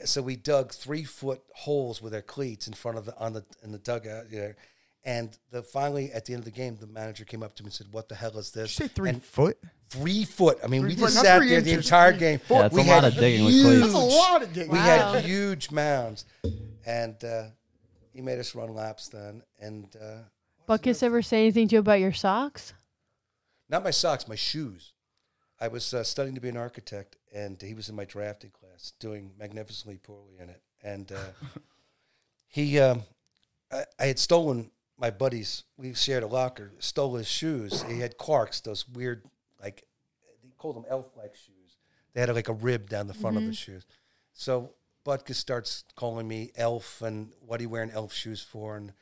[SPEAKER 3] So we dug three foot holes with our cleats in front of the on the in the dugout there, and the finally at the end of the game, the manager came up to me and said, "What the hell is
[SPEAKER 4] Did
[SPEAKER 3] this?"
[SPEAKER 4] you say three
[SPEAKER 3] And
[SPEAKER 4] foot?
[SPEAKER 3] three foot. I mean, we
[SPEAKER 4] Three
[SPEAKER 3] just
[SPEAKER 4] foot, not
[SPEAKER 3] sat
[SPEAKER 4] three
[SPEAKER 3] there the
[SPEAKER 4] inches,
[SPEAKER 3] entire
[SPEAKER 4] three
[SPEAKER 3] game.
[SPEAKER 4] foot.
[SPEAKER 2] Yeah, it's
[SPEAKER 3] we
[SPEAKER 2] a lot
[SPEAKER 3] had
[SPEAKER 2] of digging with cleats.
[SPEAKER 4] That's a lot of digging.
[SPEAKER 3] we
[SPEAKER 1] Wow.
[SPEAKER 3] had huge mounds, and uh, he made us run laps then. And uh,
[SPEAKER 1] Buckus ever say anything to you about your socks?
[SPEAKER 3] not my socks, my shoes. I was uh, studying to be an architect, and he was in my drafting class, doing magnificently poorly in it. And uh, he, um, I, I had stolen my buddy's. We shared a locker. Stole his shoes. He had Clarks, those weird, like they called them elf-like shoes. They had like a rib down the front of the shoes. So Butkus starts calling me elf and what are you wearing elf shoes for? And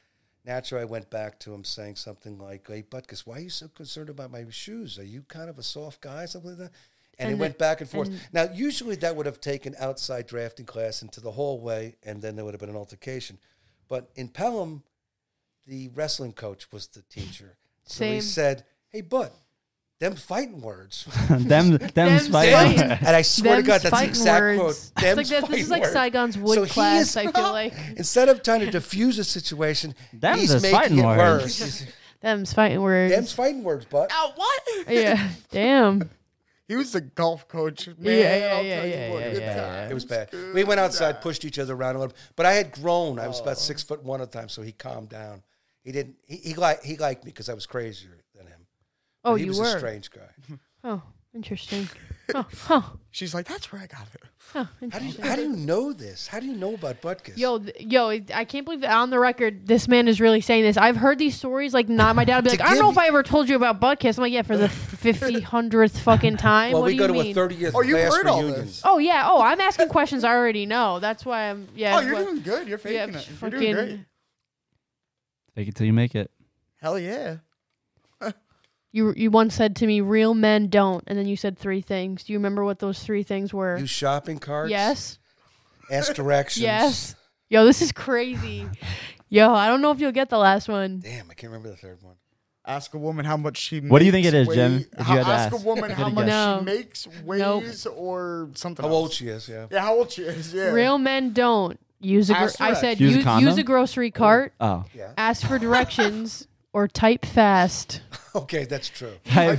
[SPEAKER 3] naturally, I went back to him saying something like, Hey, Butkus, why are you so concerned about my shoes? Are you kind of a soft guy? Something like that. And,
[SPEAKER 1] And
[SPEAKER 3] it
[SPEAKER 1] the-
[SPEAKER 3] went back and forth.
[SPEAKER 1] and-
[SPEAKER 3] now, usually that would have taken outside drafting class into the hallway, and then there would have been an altercation. But in Pelham, the wrestling coach was the teacher. So he
[SPEAKER 1] Same.
[SPEAKER 3] said, Hey, Bud, them fighting words.
[SPEAKER 2] them, them
[SPEAKER 1] Them's
[SPEAKER 2] spikes.
[SPEAKER 1] fighting.
[SPEAKER 3] and I swear to
[SPEAKER 1] Them's
[SPEAKER 3] God, that's the
[SPEAKER 1] fighting
[SPEAKER 3] exact
[SPEAKER 1] words.
[SPEAKER 3] quote.
[SPEAKER 1] It's
[SPEAKER 3] Them's
[SPEAKER 1] like that- this is
[SPEAKER 3] fighting
[SPEAKER 1] like
[SPEAKER 3] words.
[SPEAKER 1] Saigon's wood
[SPEAKER 3] he
[SPEAKER 1] class,
[SPEAKER 3] is-
[SPEAKER 1] I feel like.
[SPEAKER 3] instead of trying to diffuse a situation,
[SPEAKER 2] Them's
[SPEAKER 3] he's
[SPEAKER 2] is
[SPEAKER 3] making
[SPEAKER 2] fighting
[SPEAKER 3] it
[SPEAKER 2] words.
[SPEAKER 3] worse. He's-
[SPEAKER 1] Them's fighting words.
[SPEAKER 3] Them's fighting words, but
[SPEAKER 1] yeah. Damn.
[SPEAKER 4] He was the golf coach. Man,
[SPEAKER 1] yeah, yeah,
[SPEAKER 4] I'll
[SPEAKER 1] yeah,
[SPEAKER 4] tell you
[SPEAKER 1] yeah,
[SPEAKER 4] what,
[SPEAKER 1] yeah,
[SPEAKER 4] good
[SPEAKER 1] yeah,
[SPEAKER 4] times.
[SPEAKER 3] it was bad. We went outside, pushed each other around a little. But I had grown. I was
[SPEAKER 4] Oh.
[SPEAKER 3] about six foot one at the time, so he calmed down. He didn't. He, he liked he liked me because I was crazier than him.
[SPEAKER 1] Oh,
[SPEAKER 3] But he
[SPEAKER 1] you
[SPEAKER 3] was
[SPEAKER 1] were.
[SPEAKER 3] a strange guy.
[SPEAKER 1] Oh, interesting. Oh, huh.
[SPEAKER 4] She's like, that's where I got it.
[SPEAKER 1] Oh,
[SPEAKER 3] How do you
[SPEAKER 1] interesting.
[SPEAKER 3] how do you know this? How do you know about Butkus?
[SPEAKER 1] Yo, th- yo! I can't believe that on the record this man is really saying this. I've heard these stories. Like, not my dad would be
[SPEAKER 3] To
[SPEAKER 1] like, I don't know
[SPEAKER 3] give-
[SPEAKER 1] if I ever told you about Butkus. I'm like, yeah, for the fifty hundredth fucking time.
[SPEAKER 3] well,
[SPEAKER 1] what
[SPEAKER 3] we
[SPEAKER 1] do
[SPEAKER 3] go
[SPEAKER 1] you
[SPEAKER 3] to
[SPEAKER 1] mean?
[SPEAKER 3] a thirtieth
[SPEAKER 4] Oh, you've
[SPEAKER 3] class
[SPEAKER 4] heard all
[SPEAKER 3] reunion.
[SPEAKER 4] this.
[SPEAKER 1] Oh yeah. Oh, I'm asking questions I already know. That's why I'm. Yeah.
[SPEAKER 4] Oh, you're
[SPEAKER 1] what-
[SPEAKER 4] doing good. You're
[SPEAKER 1] yeah,
[SPEAKER 4] faking it. You're
[SPEAKER 1] fucking.
[SPEAKER 4] doing great.
[SPEAKER 2] Fake it till you make it.
[SPEAKER 4] Hell yeah.
[SPEAKER 1] You you once said to me, "Real men don't," and then you said three things. Do you remember what those three things were?
[SPEAKER 3] Use shopping carts.
[SPEAKER 1] yes.
[SPEAKER 3] Ask directions.
[SPEAKER 1] Yes. Yo, this is crazy. Yo, I don't know if you'll get the last one.
[SPEAKER 3] Damn, I can't remember the third one.
[SPEAKER 4] Ask a woman how much she.
[SPEAKER 2] What do you think
[SPEAKER 4] makes,
[SPEAKER 2] it is, Jim,
[SPEAKER 4] weigh-
[SPEAKER 2] if you
[SPEAKER 4] how-
[SPEAKER 2] had to
[SPEAKER 4] ask,
[SPEAKER 2] ask?
[SPEAKER 4] a woman
[SPEAKER 2] If you
[SPEAKER 4] how
[SPEAKER 2] had to
[SPEAKER 4] much
[SPEAKER 1] guess.
[SPEAKER 4] she makes,
[SPEAKER 1] Nope.
[SPEAKER 4] weighs, or something.
[SPEAKER 3] How
[SPEAKER 4] else.
[SPEAKER 3] old she is? Yeah.
[SPEAKER 4] Yeah, how old she is. Yeah.
[SPEAKER 1] Real men don't use a. Gro-
[SPEAKER 4] Ask for
[SPEAKER 1] I
[SPEAKER 4] it.
[SPEAKER 1] said
[SPEAKER 2] Use a
[SPEAKER 1] use,
[SPEAKER 2] condom?
[SPEAKER 1] use a grocery cart,
[SPEAKER 2] Oh,
[SPEAKER 3] Yeah.
[SPEAKER 1] ask for directions, or type fast.
[SPEAKER 3] Okay, that's true.
[SPEAKER 2] Type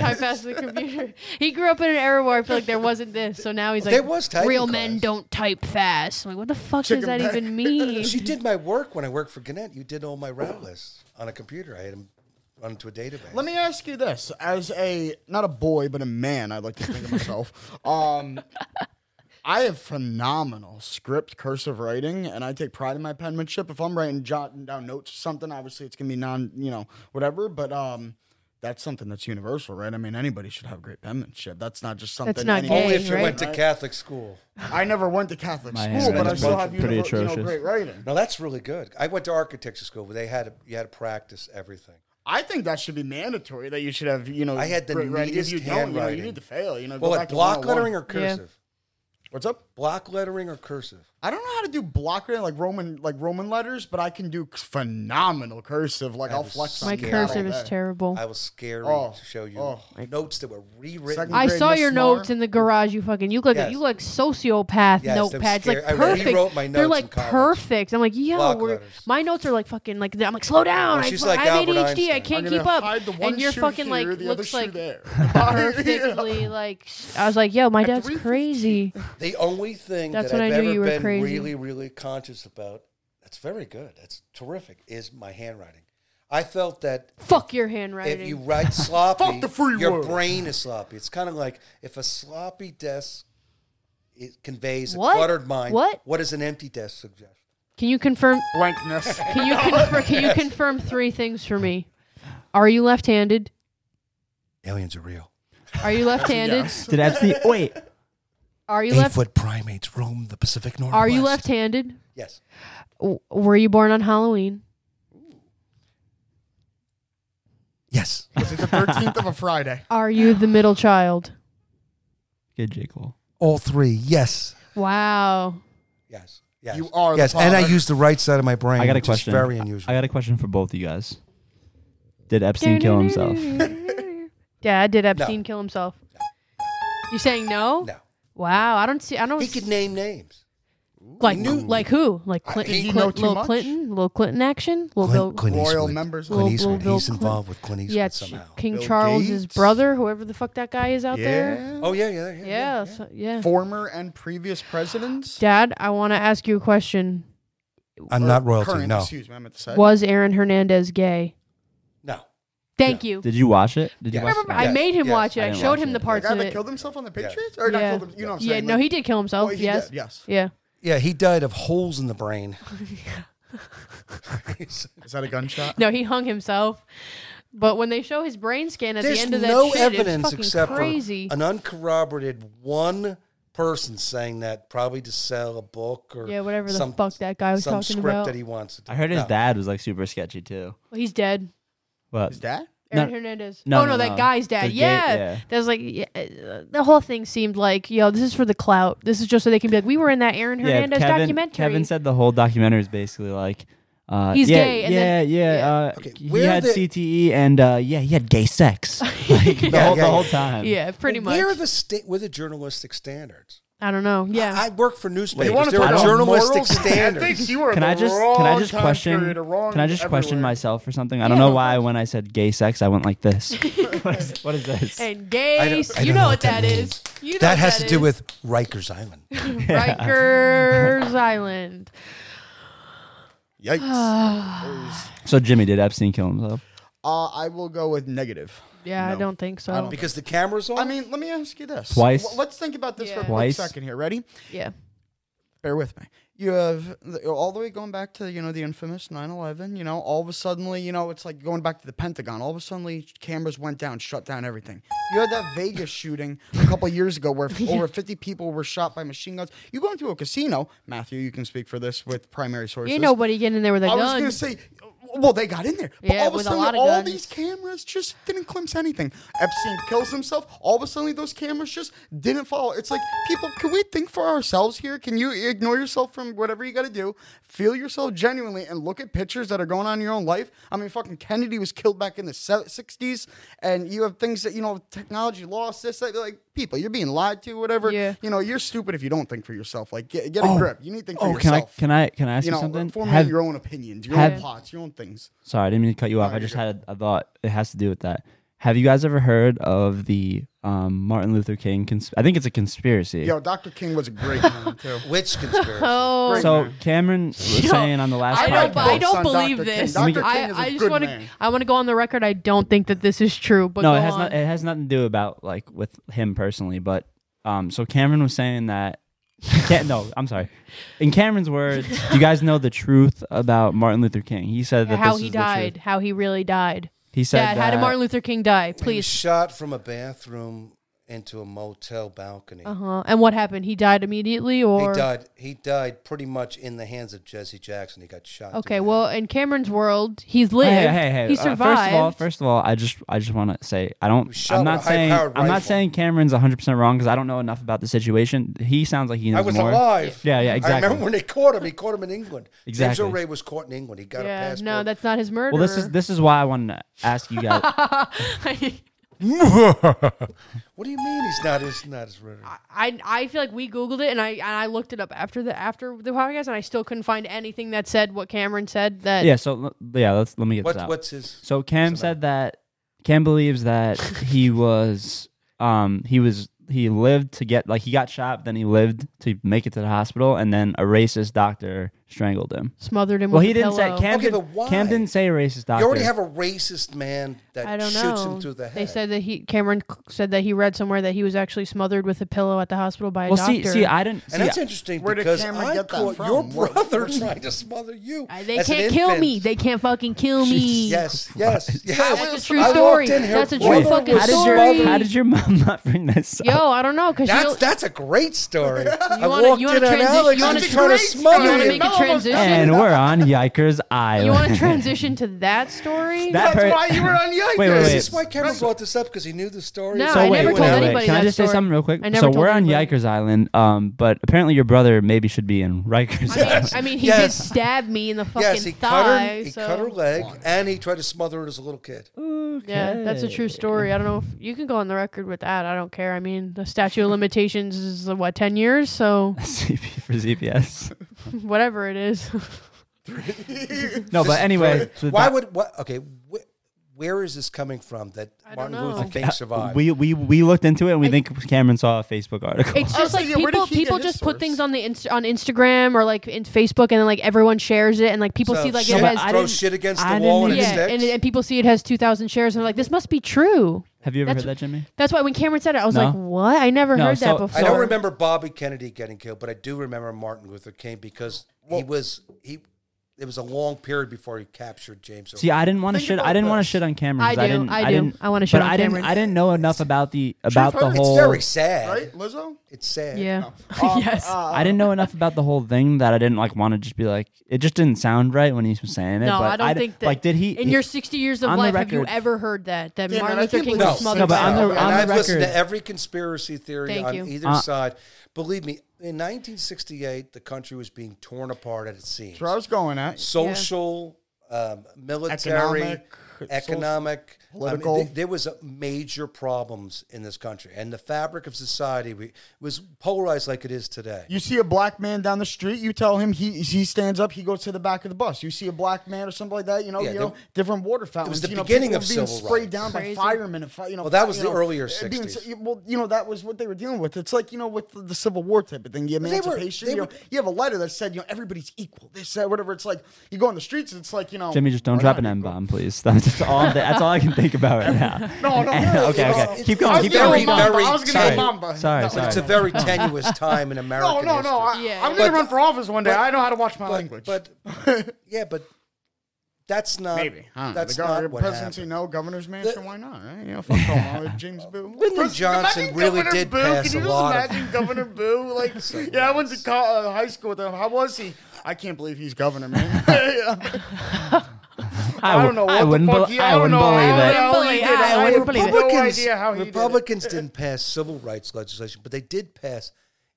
[SPEAKER 1] type fast to the computer. He grew up in an era where I feel like there wasn't this, so now he's like,
[SPEAKER 3] There was typing
[SPEAKER 1] real
[SPEAKER 3] class.
[SPEAKER 1] men don't type fast. I'm like, what the fuck
[SPEAKER 4] Chicken
[SPEAKER 1] does that
[SPEAKER 4] back.
[SPEAKER 1] even mean?
[SPEAKER 3] She did my work when I worked for Gannett. You did all my route lists on a computer. I had them run into a database.
[SPEAKER 4] Let me ask you this: as a not a boy but a man, I like to think of myself. Um, I have phenomenal script cursive writing, and I take pride in my penmanship. If I'm writing jotting down notes or something, obviously it's gonna be non, you know, whatever. But um, that's something that's universal, right? I mean, anybody should have great penmanship. That's not just something.
[SPEAKER 1] not
[SPEAKER 4] anyone-
[SPEAKER 3] Only
[SPEAKER 1] gay.
[SPEAKER 3] if you
[SPEAKER 1] right?
[SPEAKER 3] went to Catholic school.
[SPEAKER 4] I never went to Catholic
[SPEAKER 2] My
[SPEAKER 4] school, but I
[SPEAKER 2] handwriting's
[SPEAKER 4] still have
[SPEAKER 2] pretty
[SPEAKER 4] univer- you know,
[SPEAKER 2] atrocious.
[SPEAKER 4] great writing.
[SPEAKER 3] Now that's really good. I went to architecture school where they had to, you had to practice everything.
[SPEAKER 4] I think that should be mandatory. That you should have, you know,
[SPEAKER 3] I had the
[SPEAKER 4] great writing. If
[SPEAKER 3] neatest
[SPEAKER 4] you don't, you know, you
[SPEAKER 3] handwriting.
[SPEAKER 4] need to oh fail. You know, go
[SPEAKER 3] Well,
[SPEAKER 4] back
[SPEAKER 3] like
[SPEAKER 4] to
[SPEAKER 3] block
[SPEAKER 4] 101.
[SPEAKER 3] lettering or
[SPEAKER 1] Yeah.
[SPEAKER 3] cursive?
[SPEAKER 4] What's up?
[SPEAKER 3] Block lettering or cursive?
[SPEAKER 4] I don't know how to do block writing, like Roman like Roman letters, but I can do phenomenal cursive. Like
[SPEAKER 3] I
[SPEAKER 4] I'll
[SPEAKER 3] was
[SPEAKER 4] flex.
[SPEAKER 1] My
[SPEAKER 4] on that
[SPEAKER 1] cursive
[SPEAKER 4] all
[SPEAKER 1] is
[SPEAKER 4] day.
[SPEAKER 1] terrible.
[SPEAKER 3] I was scared
[SPEAKER 4] Oh,
[SPEAKER 3] to show you
[SPEAKER 4] oh.
[SPEAKER 3] notes that were rewritten.
[SPEAKER 4] Second
[SPEAKER 1] I
[SPEAKER 4] grade
[SPEAKER 1] saw
[SPEAKER 4] Miss
[SPEAKER 1] your
[SPEAKER 4] Smarr.
[SPEAKER 1] notes in the garage. You fucking you look
[SPEAKER 3] Yes.
[SPEAKER 1] you look sociopath
[SPEAKER 3] Yes, they're
[SPEAKER 1] notepads like
[SPEAKER 3] scary. I
[SPEAKER 1] perfect.
[SPEAKER 3] rewrote my
[SPEAKER 1] They're
[SPEAKER 3] notes
[SPEAKER 1] like
[SPEAKER 3] in college.
[SPEAKER 1] perfect. I'm like yo,
[SPEAKER 3] Block
[SPEAKER 1] we're,
[SPEAKER 3] letters.
[SPEAKER 1] my notes are like fucking like I'm like slow down.
[SPEAKER 3] Well,
[SPEAKER 1] I,
[SPEAKER 3] she's
[SPEAKER 1] fu-
[SPEAKER 3] like
[SPEAKER 1] I have
[SPEAKER 3] Albert
[SPEAKER 1] ADHD. I
[SPEAKER 3] Einstein.
[SPEAKER 1] can't
[SPEAKER 4] I'm
[SPEAKER 1] keep
[SPEAKER 4] gonna
[SPEAKER 1] up.
[SPEAKER 4] hide the one
[SPEAKER 1] And you're
[SPEAKER 4] shoe
[SPEAKER 1] fucking
[SPEAKER 4] here,
[SPEAKER 1] like
[SPEAKER 4] the other
[SPEAKER 1] looks
[SPEAKER 4] shoe
[SPEAKER 1] like
[SPEAKER 4] there.
[SPEAKER 1] perfectly like I was like yo, my dad's crazy.
[SPEAKER 3] The only thing
[SPEAKER 1] That's
[SPEAKER 3] that
[SPEAKER 1] when
[SPEAKER 3] I've
[SPEAKER 1] I knew
[SPEAKER 3] ever
[SPEAKER 1] you were
[SPEAKER 3] been
[SPEAKER 1] crazy.
[SPEAKER 3] really, really conscious about, that's very good, that's terrific, is my handwriting. I felt that
[SPEAKER 1] Fuck your
[SPEAKER 3] if you
[SPEAKER 1] handwriting.
[SPEAKER 3] write sloppy,
[SPEAKER 4] Fuck the free
[SPEAKER 3] your
[SPEAKER 4] world.
[SPEAKER 3] brain is sloppy. It's kind of like if a sloppy desk it conveys
[SPEAKER 1] What?
[SPEAKER 3] a cluttered mind,
[SPEAKER 1] What?
[SPEAKER 3] what does an empty desk suggest?
[SPEAKER 1] Can you confirm?
[SPEAKER 4] Blankness.
[SPEAKER 1] Can you confirm? Can you confirm three things for me? Are you left-handed?
[SPEAKER 3] Aliens are real.
[SPEAKER 1] Are you left-handed?
[SPEAKER 2] Did Epstein? Wait,
[SPEAKER 1] Are you
[SPEAKER 3] Eight
[SPEAKER 1] left?
[SPEAKER 3] foot primates roam the Pacific Northwest.
[SPEAKER 1] Are you left-handed?
[SPEAKER 3] Yes.
[SPEAKER 1] W- Were you born on Halloween?
[SPEAKER 3] Yes.
[SPEAKER 4] Was it the thirteenth of a Friday?
[SPEAKER 1] Are you the middle child?
[SPEAKER 2] good J Cole.
[SPEAKER 3] All three. Yes.
[SPEAKER 1] Wow.
[SPEAKER 3] Yes. Yes.
[SPEAKER 4] You are the
[SPEAKER 3] Yes. and I
[SPEAKER 4] father.
[SPEAKER 3] used the right side of my brain.
[SPEAKER 2] I got a
[SPEAKER 3] which is
[SPEAKER 2] question.
[SPEAKER 3] Very
[SPEAKER 2] I-
[SPEAKER 3] unusual.
[SPEAKER 2] I got a question for both of you guys. Did Epstein kill himself?
[SPEAKER 1] Dad, did Epstein
[SPEAKER 3] No.
[SPEAKER 1] kill himself? You saying no?
[SPEAKER 3] no.
[SPEAKER 1] Wow, I don't see. I don't
[SPEAKER 3] He
[SPEAKER 1] s-
[SPEAKER 3] could name names.
[SPEAKER 1] like like who? Like Clinton?
[SPEAKER 4] he
[SPEAKER 1] Clin-
[SPEAKER 4] know too
[SPEAKER 1] little
[SPEAKER 4] much?
[SPEAKER 1] Clinton? Little Clinton action? Little Bill-
[SPEAKER 4] Royal members.
[SPEAKER 1] Little
[SPEAKER 3] Clint Eastwood.
[SPEAKER 1] Bill
[SPEAKER 3] He's
[SPEAKER 1] Clin-
[SPEAKER 3] involved with Clint Eastwood
[SPEAKER 1] yeah, it's
[SPEAKER 3] somehow.
[SPEAKER 1] King
[SPEAKER 4] Bill
[SPEAKER 1] Charles's
[SPEAKER 4] Gates?
[SPEAKER 1] brother, whoever the fuck that guy is out there. Oh.
[SPEAKER 4] Yeah.
[SPEAKER 3] Oh yeah, yeah, yeah.
[SPEAKER 1] Yeah, so- yeah.
[SPEAKER 4] Former and previous presidents.
[SPEAKER 1] Dad, I want to ask you a question.
[SPEAKER 3] I'm
[SPEAKER 4] Or
[SPEAKER 3] not royalty.
[SPEAKER 4] current,
[SPEAKER 3] no,
[SPEAKER 4] Excuse me. I meant to say.
[SPEAKER 1] Was Aaron Hernandez gay?
[SPEAKER 3] no.
[SPEAKER 1] Thank you.
[SPEAKER 2] Did you watch it? Did you
[SPEAKER 3] Yes.
[SPEAKER 2] watch
[SPEAKER 1] Remember,
[SPEAKER 2] it?
[SPEAKER 1] I
[SPEAKER 3] Yes,
[SPEAKER 1] made him
[SPEAKER 3] yes.
[SPEAKER 1] watch it.
[SPEAKER 2] I
[SPEAKER 1] I,
[SPEAKER 2] didn't
[SPEAKER 1] showed
[SPEAKER 2] watch
[SPEAKER 1] him
[SPEAKER 2] it.
[SPEAKER 1] the
[SPEAKER 2] The
[SPEAKER 4] The
[SPEAKER 1] parts
[SPEAKER 4] guy
[SPEAKER 1] of
[SPEAKER 4] that
[SPEAKER 1] it.
[SPEAKER 4] killed himself on the
[SPEAKER 3] Yeah.
[SPEAKER 4] Patriots, or not
[SPEAKER 1] Yeah.
[SPEAKER 4] killed him? You know what I'm
[SPEAKER 1] yeah,
[SPEAKER 4] saying?
[SPEAKER 1] no,
[SPEAKER 4] Like,
[SPEAKER 1] he did kill
[SPEAKER 4] well,
[SPEAKER 1] himself.
[SPEAKER 4] he
[SPEAKER 1] yes.
[SPEAKER 4] did, yes.
[SPEAKER 1] Yeah.
[SPEAKER 3] Yeah, he died of holes in the brain.
[SPEAKER 4] Is that a gunshot?
[SPEAKER 1] No, he hung himself. But when they show his brain scan at
[SPEAKER 3] There's
[SPEAKER 1] the end of that
[SPEAKER 3] no
[SPEAKER 1] shit, it's
[SPEAKER 3] evidence
[SPEAKER 1] fucking
[SPEAKER 3] except
[SPEAKER 1] crazy.
[SPEAKER 3] for an uncorroborated one person saying that probably to sell a book or
[SPEAKER 1] yeah, whatever the
[SPEAKER 3] some,
[SPEAKER 1] fuck that guy was
[SPEAKER 3] some
[SPEAKER 1] talking
[SPEAKER 3] script
[SPEAKER 1] about.
[SPEAKER 3] that he wants. To do.
[SPEAKER 2] I heard his
[SPEAKER 3] No.
[SPEAKER 2] dad was like super sketchy too.
[SPEAKER 1] Well, he's dead.
[SPEAKER 2] But
[SPEAKER 4] His dad?
[SPEAKER 1] Aaron
[SPEAKER 2] No-
[SPEAKER 1] Hernandez.
[SPEAKER 2] no,
[SPEAKER 1] oh no,
[SPEAKER 2] no,
[SPEAKER 1] that
[SPEAKER 2] no.
[SPEAKER 1] guy's
[SPEAKER 2] The
[SPEAKER 1] dad.
[SPEAKER 2] gay-
[SPEAKER 1] yeah.
[SPEAKER 2] yeah.
[SPEAKER 1] That was like yeah, uh, the whole thing seemed like yo, this is for the clout. This is just so they can be like, we were in that Aaron Hernandez
[SPEAKER 2] Kevin,
[SPEAKER 1] documentary.
[SPEAKER 2] Kevin said the whole documentary is basically like, uh,
[SPEAKER 1] He's
[SPEAKER 2] yeah,
[SPEAKER 1] gay, and
[SPEAKER 2] yeah,
[SPEAKER 1] then-
[SPEAKER 2] yeah,
[SPEAKER 1] yeah.
[SPEAKER 2] Uh,
[SPEAKER 3] Okay,
[SPEAKER 2] he
[SPEAKER 3] where
[SPEAKER 2] had
[SPEAKER 3] the-
[SPEAKER 2] CTE, and uh, yeah, he had gay sex. Like, the,
[SPEAKER 3] Yeah,
[SPEAKER 2] whole,
[SPEAKER 3] yeah,
[SPEAKER 2] the whole
[SPEAKER 3] yeah.
[SPEAKER 2] time.
[SPEAKER 1] yeah, pretty much.
[SPEAKER 3] Where are the state? Where are the journalistic standards?
[SPEAKER 1] I don't know. Yeah.
[SPEAKER 3] I, I work for newspapers.
[SPEAKER 2] You wanna
[SPEAKER 3] there
[SPEAKER 2] talk
[SPEAKER 3] are
[SPEAKER 2] about
[SPEAKER 3] journalistic standards.
[SPEAKER 2] Can I just can I just question can I just question myself for something? I don't know why when I said gay sex I went like this. what, is, what is this?
[SPEAKER 1] and
[SPEAKER 3] I don't-
[SPEAKER 1] gay,
[SPEAKER 3] I
[SPEAKER 1] you
[SPEAKER 3] don't
[SPEAKER 1] know what that
[SPEAKER 3] means.
[SPEAKER 1] is. You know
[SPEAKER 3] that
[SPEAKER 1] what
[SPEAKER 3] has to do
[SPEAKER 1] is.
[SPEAKER 3] with Rikers Island.
[SPEAKER 1] Rikers Island.
[SPEAKER 4] Yikes.
[SPEAKER 2] So Jimmy did Epstein kill himself?
[SPEAKER 4] Uh, I will go with negative.
[SPEAKER 1] Yeah, I
[SPEAKER 4] No.
[SPEAKER 1] don't think so.
[SPEAKER 4] I don't-
[SPEAKER 3] Because the camera's on?
[SPEAKER 4] I mean, let me ask you this.
[SPEAKER 2] Twice.
[SPEAKER 4] L- let's think about this for a
[SPEAKER 1] Yeah.
[SPEAKER 4] quick
[SPEAKER 2] Twice.
[SPEAKER 4] second here. Ready?
[SPEAKER 1] yeah.
[SPEAKER 4] Bear with me. You have the- all the way going back to you know the infamous 9/11. You know, all of a suddenly, you know, it's like going back to the Pentagon. All of a sudden, cameras went down, shut down everything. You had that Vegas shooting a couple years ago where over 50 people were shot by machine guns. You go into a casino, Matthew. You can speak for this with primary sources.
[SPEAKER 1] You know, nobody getting in there with a
[SPEAKER 4] I
[SPEAKER 1] gun.
[SPEAKER 4] was gonna say, well, they got in there, but
[SPEAKER 1] Yeah,
[SPEAKER 4] all of a
[SPEAKER 1] with a
[SPEAKER 4] sudden,
[SPEAKER 1] lot of
[SPEAKER 4] all
[SPEAKER 1] guns.
[SPEAKER 4] these cameras just didn't glimpse anything. Epstein kills himself. All of a sudden, those cameras just didn't follow. It's like people, can we think for ourselves here? Can you ignore yourself from whatever you got to do? Feel yourself genuinely and look at pictures that are going on in your own life. I mean, fucking Kennedy was killed back in the se- '60s, and you have things that you know, technology lost this, that, like people, you're being lied to, whatever.
[SPEAKER 1] Yeah.
[SPEAKER 4] You know, you're stupid if you don't think for yourself. Like, get, get a grip. You need to think for
[SPEAKER 2] Oh, can I
[SPEAKER 4] yourself
[SPEAKER 2] can I can I ask
[SPEAKER 4] you
[SPEAKER 2] you,
[SPEAKER 4] know,
[SPEAKER 2] something?
[SPEAKER 4] formulate
[SPEAKER 2] Have-
[SPEAKER 4] your own opinions, your
[SPEAKER 2] have-
[SPEAKER 4] own plots, your own things.
[SPEAKER 2] Sorry, I didn't mean to cut you off. I just had a, a thought. It has to do with that. Have you guys ever heard of the um, Martin Luther King? Cons- I think it's a conspiracy.
[SPEAKER 4] Yo, Dr. King was a great man too.
[SPEAKER 3] Which conspiracy?
[SPEAKER 1] oh,
[SPEAKER 4] Great
[SPEAKER 2] so
[SPEAKER 4] man.
[SPEAKER 2] Cameron was
[SPEAKER 1] Yo,
[SPEAKER 2] saying on the last
[SPEAKER 1] I don't,
[SPEAKER 2] podcast.
[SPEAKER 1] I don't
[SPEAKER 4] Son
[SPEAKER 1] believe
[SPEAKER 4] Dr. King.
[SPEAKER 1] this.
[SPEAKER 4] Dr. King
[SPEAKER 1] I,
[SPEAKER 4] is a
[SPEAKER 1] I just
[SPEAKER 4] good
[SPEAKER 1] want to.
[SPEAKER 4] man.
[SPEAKER 1] I want to go on the record. I don't think that this is true. But
[SPEAKER 2] no,
[SPEAKER 1] go
[SPEAKER 2] it has
[SPEAKER 1] on.
[SPEAKER 2] not. It has nothing to do about like with him personally, but um. So Cameron was saying that. Ca- no, I'm sorry. In Cameron's words, do you guys know the truth about Martin Luther King? He said that
[SPEAKER 1] how
[SPEAKER 2] this
[SPEAKER 1] he
[SPEAKER 2] is the truth.
[SPEAKER 1] died. How he really died.
[SPEAKER 2] He said
[SPEAKER 1] Dad, how did
[SPEAKER 2] that-
[SPEAKER 1] Martin Luther King die?
[SPEAKER 3] He was
[SPEAKER 1] Please.
[SPEAKER 3] shot from a bathroom into a motel balcony.
[SPEAKER 1] Uh huh. And what happened? He died immediately, or
[SPEAKER 3] He died. He died pretty much in the hands of Jesse Jackson. He got shot.
[SPEAKER 1] okay?
[SPEAKER 3] through the
[SPEAKER 1] Well, in Cameron's world, he's lived.
[SPEAKER 2] Hey, hey, hey!
[SPEAKER 1] He
[SPEAKER 2] uh,
[SPEAKER 1] survived.
[SPEAKER 2] first of all, first of all, I just, I just want to say, I don't.
[SPEAKER 3] shot
[SPEAKER 2] I'm
[SPEAKER 3] with
[SPEAKER 2] not
[SPEAKER 3] a
[SPEAKER 2] saying, I'm
[SPEAKER 3] high-powered
[SPEAKER 2] not
[SPEAKER 3] rifle.
[SPEAKER 2] saying Cameron's 100 percent wrong because I don't know enough about the situation. He sounds like he
[SPEAKER 3] I
[SPEAKER 2] knows
[SPEAKER 3] was
[SPEAKER 2] more.
[SPEAKER 3] alive.
[SPEAKER 2] Yeah, yeah,
[SPEAKER 3] I
[SPEAKER 2] exactly.
[SPEAKER 3] remember when they caught him. He caught him in England.
[SPEAKER 2] Exactly.
[SPEAKER 3] James O'Ray was caught in England. He got a
[SPEAKER 1] yeah.
[SPEAKER 3] passport.
[SPEAKER 1] No, that's not his murder.
[SPEAKER 2] Well, this is this is why I wanted to ask you guys.
[SPEAKER 1] I,
[SPEAKER 3] what do you mean he's not? He's not his murderer.
[SPEAKER 1] I I feel like we Googled it and I and I looked it up after the after the podcast and I still couldn't find anything that said what Cameron said that
[SPEAKER 2] yeah. So l- yeah, let's let me get this
[SPEAKER 3] What's
[SPEAKER 2] out.
[SPEAKER 3] what's his?
[SPEAKER 2] So Cam said that Cam believes that he was um he was he lived to get like he got shot, then he lived to make it to the hospital, and then a racist doctor strangled him.
[SPEAKER 1] smothered him.
[SPEAKER 2] Well,
[SPEAKER 1] with
[SPEAKER 2] he
[SPEAKER 1] a
[SPEAKER 2] didn't say
[SPEAKER 1] pillow.
[SPEAKER 2] Cam,
[SPEAKER 3] Okay,
[SPEAKER 2] did,
[SPEAKER 3] but why?
[SPEAKER 2] Cam didn't say a racist doctor.
[SPEAKER 3] You already have a racist man that
[SPEAKER 1] I don't know.
[SPEAKER 3] shoots him through the head.
[SPEAKER 1] They said that he Cameron c- said that he read somewhere that he was actually smothered with a pillow at the hospital by a
[SPEAKER 2] well, see,
[SPEAKER 1] doctor.
[SPEAKER 2] see, I didn't.
[SPEAKER 3] and
[SPEAKER 2] see,
[SPEAKER 3] that's interesting
[SPEAKER 4] Where did
[SPEAKER 3] because
[SPEAKER 4] Cameron
[SPEAKER 3] I
[SPEAKER 4] get that
[SPEAKER 3] caught
[SPEAKER 4] from?
[SPEAKER 3] your
[SPEAKER 4] What-
[SPEAKER 3] brother
[SPEAKER 4] what-
[SPEAKER 3] trying to smother you.
[SPEAKER 1] I- they
[SPEAKER 3] as an
[SPEAKER 1] can't kill me.
[SPEAKER 3] infant.
[SPEAKER 1] They can't fucking kill me.
[SPEAKER 3] Yes, yes, yes.
[SPEAKER 1] That's a true
[SPEAKER 3] I walked
[SPEAKER 1] story.
[SPEAKER 3] in here,
[SPEAKER 1] That's a
[SPEAKER 2] Wait,
[SPEAKER 1] true
[SPEAKER 3] brother
[SPEAKER 1] fucking
[SPEAKER 3] was
[SPEAKER 2] how did
[SPEAKER 1] story.
[SPEAKER 2] your how did your mom not bring this
[SPEAKER 1] Yo,
[SPEAKER 2] up?
[SPEAKER 1] I don't know because
[SPEAKER 3] That's
[SPEAKER 1] you
[SPEAKER 3] that's a great story. I
[SPEAKER 1] wanna-
[SPEAKER 3] walked
[SPEAKER 1] you wanna
[SPEAKER 3] in on
[SPEAKER 1] transi-
[SPEAKER 3] Alex
[SPEAKER 1] you
[SPEAKER 3] and
[SPEAKER 1] wanna
[SPEAKER 3] he's trying to
[SPEAKER 1] transi- you
[SPEAKER 3] smother
[SPEAKER 1] wanna
[SPEAKER 3] you.
[SPEAKER 1] make a transition.
[SPEAKER 2] And we're on Yikers Island.
[SPEAKER 1] You want to transition to that story?
[SPEAKER 2] That
[SPEAKER 4] That's
[SPEAKER 2] per-
[SPEAKER 4] why you were on Yikes.
[SPEAKER 2] Wait, wait,
[SPEAKER 3] Is
[SPEAKER 2] wait.
[SPEAKER 3] this why Cameron brought this up? Because he knew the story.
[SPEAKER 1] No,
[SPEAKER 2] So
[SPEAKER 1] I
[SPEAKER 2] wait,
[SPEAKER 1] never
[SPEAKER 2] wait,
[SPEAKER 1] told
[SPEAKER 2] wait, wait.
[SPEAKER 1] anybody
[SPEAKER 2] Can I
[SPEAKER 1] that
[SPEAKER 2] just say
[SPEAKER 1] story.
[SPEAKER 2] something real quick?
[SPEAKER 1] I never
[SPEAKER 2] so
[SPEAKER 1] told
[SPEAKER 2] we're
[SPEAKER 1] anybody.
[SPEAKER 2] on Yikers Island, um, but apparently your brother maybe should be in
[SPEAKER 1] I
[SPEAKER 2] Rikers.
[SPEAKER 1] mean,
[SPEAKER 2] Island.
[SPEAKER 1] I mean, he
[SPEAKER 3] Yes.
[SPEAKER 1] did stab me in the fucking
[SPEAKER 3] Yes, he cut her.
[SPEAKER 1] thigh.
[SPEAKER 3] He
[SPEAKER 1] so
[SPEAKER 3] cut her leg, and he tried to smother her as a little kid.
[SPEAKER 1] yeah, that's a true story. I don't know if you can go on the record with that. I don't care. I mean, the statute of limitations is uh, what ten years, so
[SPEAKER 2] CP for ZPS.
[SPEAKER 1] whatever it is.
[SPEAKER 2] No, but anyway,
[SPEAKER 3] Right.
[SPEAKER 2] so
[SPEAKER 3] why
[SPEAKER 2] that-
[SPEAKER 3] would what? Okay, wh- where is this coming from that
[SPEAKER 1] I don't
[SPEAKER 3] Martin Luther
[SPEAKER 1] know.
[SPEAKER 3] King survived?
[SPEAKER 2] we we we looked into it and we
[SPEAKER 1] I-
[SPEAKER 2] think Cameron saw a Facebook article.
[SPEAKER 1] It's
[SPEAKER 4] I was
[SPEAKER 1] just like
[SPEAKER 4] thinking, where
[SPEAKER 1] people
[SPEAKER 4] did he get
[SPEAKER 1] people
[SPEAKER 4] his
[SPEAKER 1] just put
[SPEAKER 4] source?
[SPEAKER 1] things on the inst- on Instagram or like in Facebook, and then like everyone shares it, and like people
[SPEAKER 3] So
[SPEAKER 1] see like
[SPEAKER 3] shit-
[SPEAKER 1] it
[SPEAKER 2] but
[SPEAKER 1] has
[SPEAKER 2] I
[SPEAKER 3] throw
[SPEAKER 2] didn't-
[SPEAKER 3] shit against
[SPEAKER 2] I
[SPEAKER 3] the wall and
[SPEAKER 2] didn't
[SPEAKER 3] it
[SPEAKER 1] yeah,
[SPEAKER 3] sticks.
[SPEAKER 1] and, and people see it has two thousand shares, and they're like, this must be true.
[SPEAKER 2] Have you ever
[SPEAKER 1] That's-
[SPEAKER 2] heard that, Jimmy?
[SPEAKER 1] That's why when Cameron said it, I was
[SPEAKER 2] No.
[SPEAKER 1] like, what? I never
[SPEAKER 2] No,
[SPEAKER 1] heard that
[SPEAKER 2] so-
[SPEAKER 1] before.
[SPEAKER 3] I don't remember Bobby Kennedy getting killed, but I do remember Martin Luther King because he was he. It was a long period before he captured James.
[SPEAKER 2] See, I didn't want to
[SPEAKER 4] Think
[SPEAKER 2] shit.
[SPEAKER 4] about
[SPEAKER 2] I didn't want to
[SPEAKER 4] this.
[SPEAKER 2] shit on Cameron. 'cause
[SPEAKER 1] I do,
[SPEAKER 2] didn't,
[SPEAKER 1] I do.
[SPEAKER 2] didn't,
[SPEAKER 1] I wanna shit
[SPEAKER 2] but
[SPEAKER 1] on
[SPEAKER 2] I didn't.
[SPEAKER 1] Cameron.
[SPEAKER 2] I didn't know enough about the about the
[SPEAKER 4] hurts. It's
[SPEAKER 2] whole.
[SPEAKER 3] it's very sad.
[SPEAKER 4] Right, Lizzo?
[SPEAKER 3] It's sad.
[SPEAKER 1] Yeah.
[SPEAKER 4] Um,
[SPEAKER 1] yes.
[SPEAKER 4] uh,
[SPEAKER 2] I didn't know enough about the whole thing that I didn't like want to just be like it just didn't sound right when he was saying it.
[SPEAKER 1] No,
[SPEAKER 2] but
[SPEAKER 1] I don't
[SPEAKER 2] d-
[SPEAKER 1] think that.
[SPEAKER 2] like did he
[SPEAKER 1] In your 60 years of
[SPEAKER 2] on the
[SPEAKER 1] life, have you
[SPEAKER 2] record-
[SPEAKER 1] ever heard that that
[SPEAKER 4] Yeah,
[SPEAKER 1] Martin
[SPEAKER 4] man, I
[SPEAKER 1] Luther
[SPEAKER 4] can't
[SPEAKER 1] King
[SPEAKER 4] believe
[SPEAKER 1] was
[SPEAKER 3] No,
[SPEAKER 4] it's
[SPEAKER 1] smothered?
[SPEAKER 2] No,
[SPEAKER 1] by
[SPEAKER 2] but
[SPEAKER 1] a
[SPEAKER 2] on the-
[SPEAKER 1] dog?
[SPEAKER 2] on
[SPEAKER 3] Uh, and
[SPEAKER 2] the
[SPEAKER 3] I've listened
[SPEAKER 2] record-
[SPEAKER 3] to every conspiracy theory
[SPEAKER 1] Thank
[SPEAKER 3] on
[SPEAKER 1] you.
[SPEAKER 3] either
[SPEAKER 2] Uh,
[SPEAKER 3] side. Believe me, in 1968, the country was being torn apart at its seams.
[SPEAKER 4] That's where I was going at.
[SPEAKER 3] Social, um, military,
[SPEAKER 4] Economic,
[SPEAKER 3] economic, economic I mean,
[SPEAKER 4] political.
[SPEAKER 3] th- there was uh, major problems in this country, and the fabric of society we, was polarized like it is today.
[SPEAKER 4] You see a black man down the street, you tell him he he stands up, he goes to the back of the bus. You see a black man or something like that, you know,
[SPEAKER 3] Yeah,
[SPEAKER 4] you
[SPEAKER 3] there-
[SPEAKER 4] know, different water fountains.
[SPEAKER 3] the
[SPEAKER 4] you know,
[SPEAKER 3] beginning
[SPEAKER 4] people
[SPEAKER 3] of
[SPEAKER 4] were being
[SPEAKER 3] civil
[SPEAKER 4] sprayed
[SPEAKER 3] rights.
[SPEAKER 4] down
[SPEAKER 1] Crazy.
[SPEAKER 4] by firemen and fi- you know.
[SPEAKER 3] Well, that was
[SPEAKER 4] you
[SPEAKER 3] the
[SPEAKER 4] know,
[SPEAKER 3] earlier
[SPEAKER 4] uh, being
[SPEAKER 3] 60s.
[SPEAKER 4] so- well, you know, that was what they were dealing with. It's like you know, with the, the Civil War type of thing,
[SPEAKER 3] they
[SPEAKER 4] the
[SPEAKER 3] were-
[SPEAKER 4] emancipation.
[SPEAKER 3] they
[SPEAKER 4] you,
[SPEAKER 3] were-
[SPEAKER 4] know, you have a letter that said you know everybody's equal. This that whatever. It's like you go on the streets, it's like you know.
[SPEAKER 2] Jimmy, just don't
[SPEAKER 4] we're
[SPEAKER 2] drop
[SPEAKER 4] not
[SPEAKER 2] an M
[SPEAKER 4] equal.
[SPEAKER 2] bomb, please. That's just all. I'm th- that's all I can think about right now.
[SPEAKER 4] No, no, no.
[SPEAKER 2] okay,
[SPEAKER 4] it's-
[SPEAKER 2] okay.
[SPEAKER 4] it's-
[SPEAKER 2] Keep
[SPEAKER 4] I
[SPEAKER 2] going.
[SPEAKER 4] was
[SPEAKER 2] Keep
[SPEAKER 4] gonna
[SPEAKER 2] going.
[SPEAKER 3] very,
[SPEAKER 4] go Mamba.
[SPEAKER 3] very
[SPEAKER 4] I was gonna
[SPEAKER 3] sorry.
[SPEAKER 4] go Mamba.
[SPEAKER 2] Sorry,
[SPEAKER 4] No,
[SPEAKER 2] sorry.
[SPEAKER 3] It's a very tenuous time in American
[SPEAKER 4] No, no,
[SPEAKER 3] history.
[SPEAKER 4] no. I,
[SPEAKER 1] Yeah.
[SPEAKER 4] I'm gonna
[SPEAKER 3] But-
[SPEAKER 4] run for office one day.
[SPEAKER 3] but-
[SPEAKER 4] I know how to watch my
[SPEAKER 3] but,
[SPEAKER 4] language.
[SPEAKER 3] But yeah, but that's not
[SPEAKER 4] Maybe. I don't know.
[SPEAKER 3] that's
[SPEAKER 4] the
[SPEAKER 3] not
[SPEAKER 4] governor,
[SPEAKER 3] what
[SPEAKER 4] presidency,
[SPEAKER 3] happened.
[SPEAKER 4] no. Governor's mansion, why not? Right? You know, fuck all with James Boo.
[SPEAKER 3] Lyndon
[SPEAKER 4] President-
[SPEAKER 3] Johnson
[SPEAKER 4] imagine
[SPEAKER 3] really
[SPEAKER 4] Governor
[SPEAKER 3] did
[SPEAKER 4] Boo.
[SPEAKER 3] pass
[SPEAKER 4] Can you
[SPEAKER 3] a
[SPEAKER 4] just
[SPEAKER 3] lot of-
[SPEAKER 4] imagine Governor Boo? Like, yeah, I went to co- uh, high school with him. How was he? I can't believe he's governor, man.
[SPEAKER 2] I,
[SPEAKER 4] I don't know what
[SPEAKER 2] I
[SPEAKER 4] the
[SPEAKER 2] wouldn't.
[SPEAKER 4] fuck
[SPEAKER 2] bel-
[SPEAKER 4] he-
[SPEAKER 2] I,
[SPEAKER 4] I don't
[SPEAKER 2] wouldn't
[SPEAKER 4] know.
[SPEAKER 2] believe
[SPEAKER 4] I
[SPEAKER 2] it.
[SPEAKER 4] don't know how he
[SPEAKER 1] Believe-
[SPEAKER 4] did it.
[SPEAKER 1] I
[SPEAKER 4] I
[SPEAKER 1] wouldn't
[SPEAKER 4] have
[SPEAKER 1] believe it.
[SPEAKER 4] no idea how he did it.
[SPEAKER 3] Republicans didn't pass civil rights legislation, but they did pass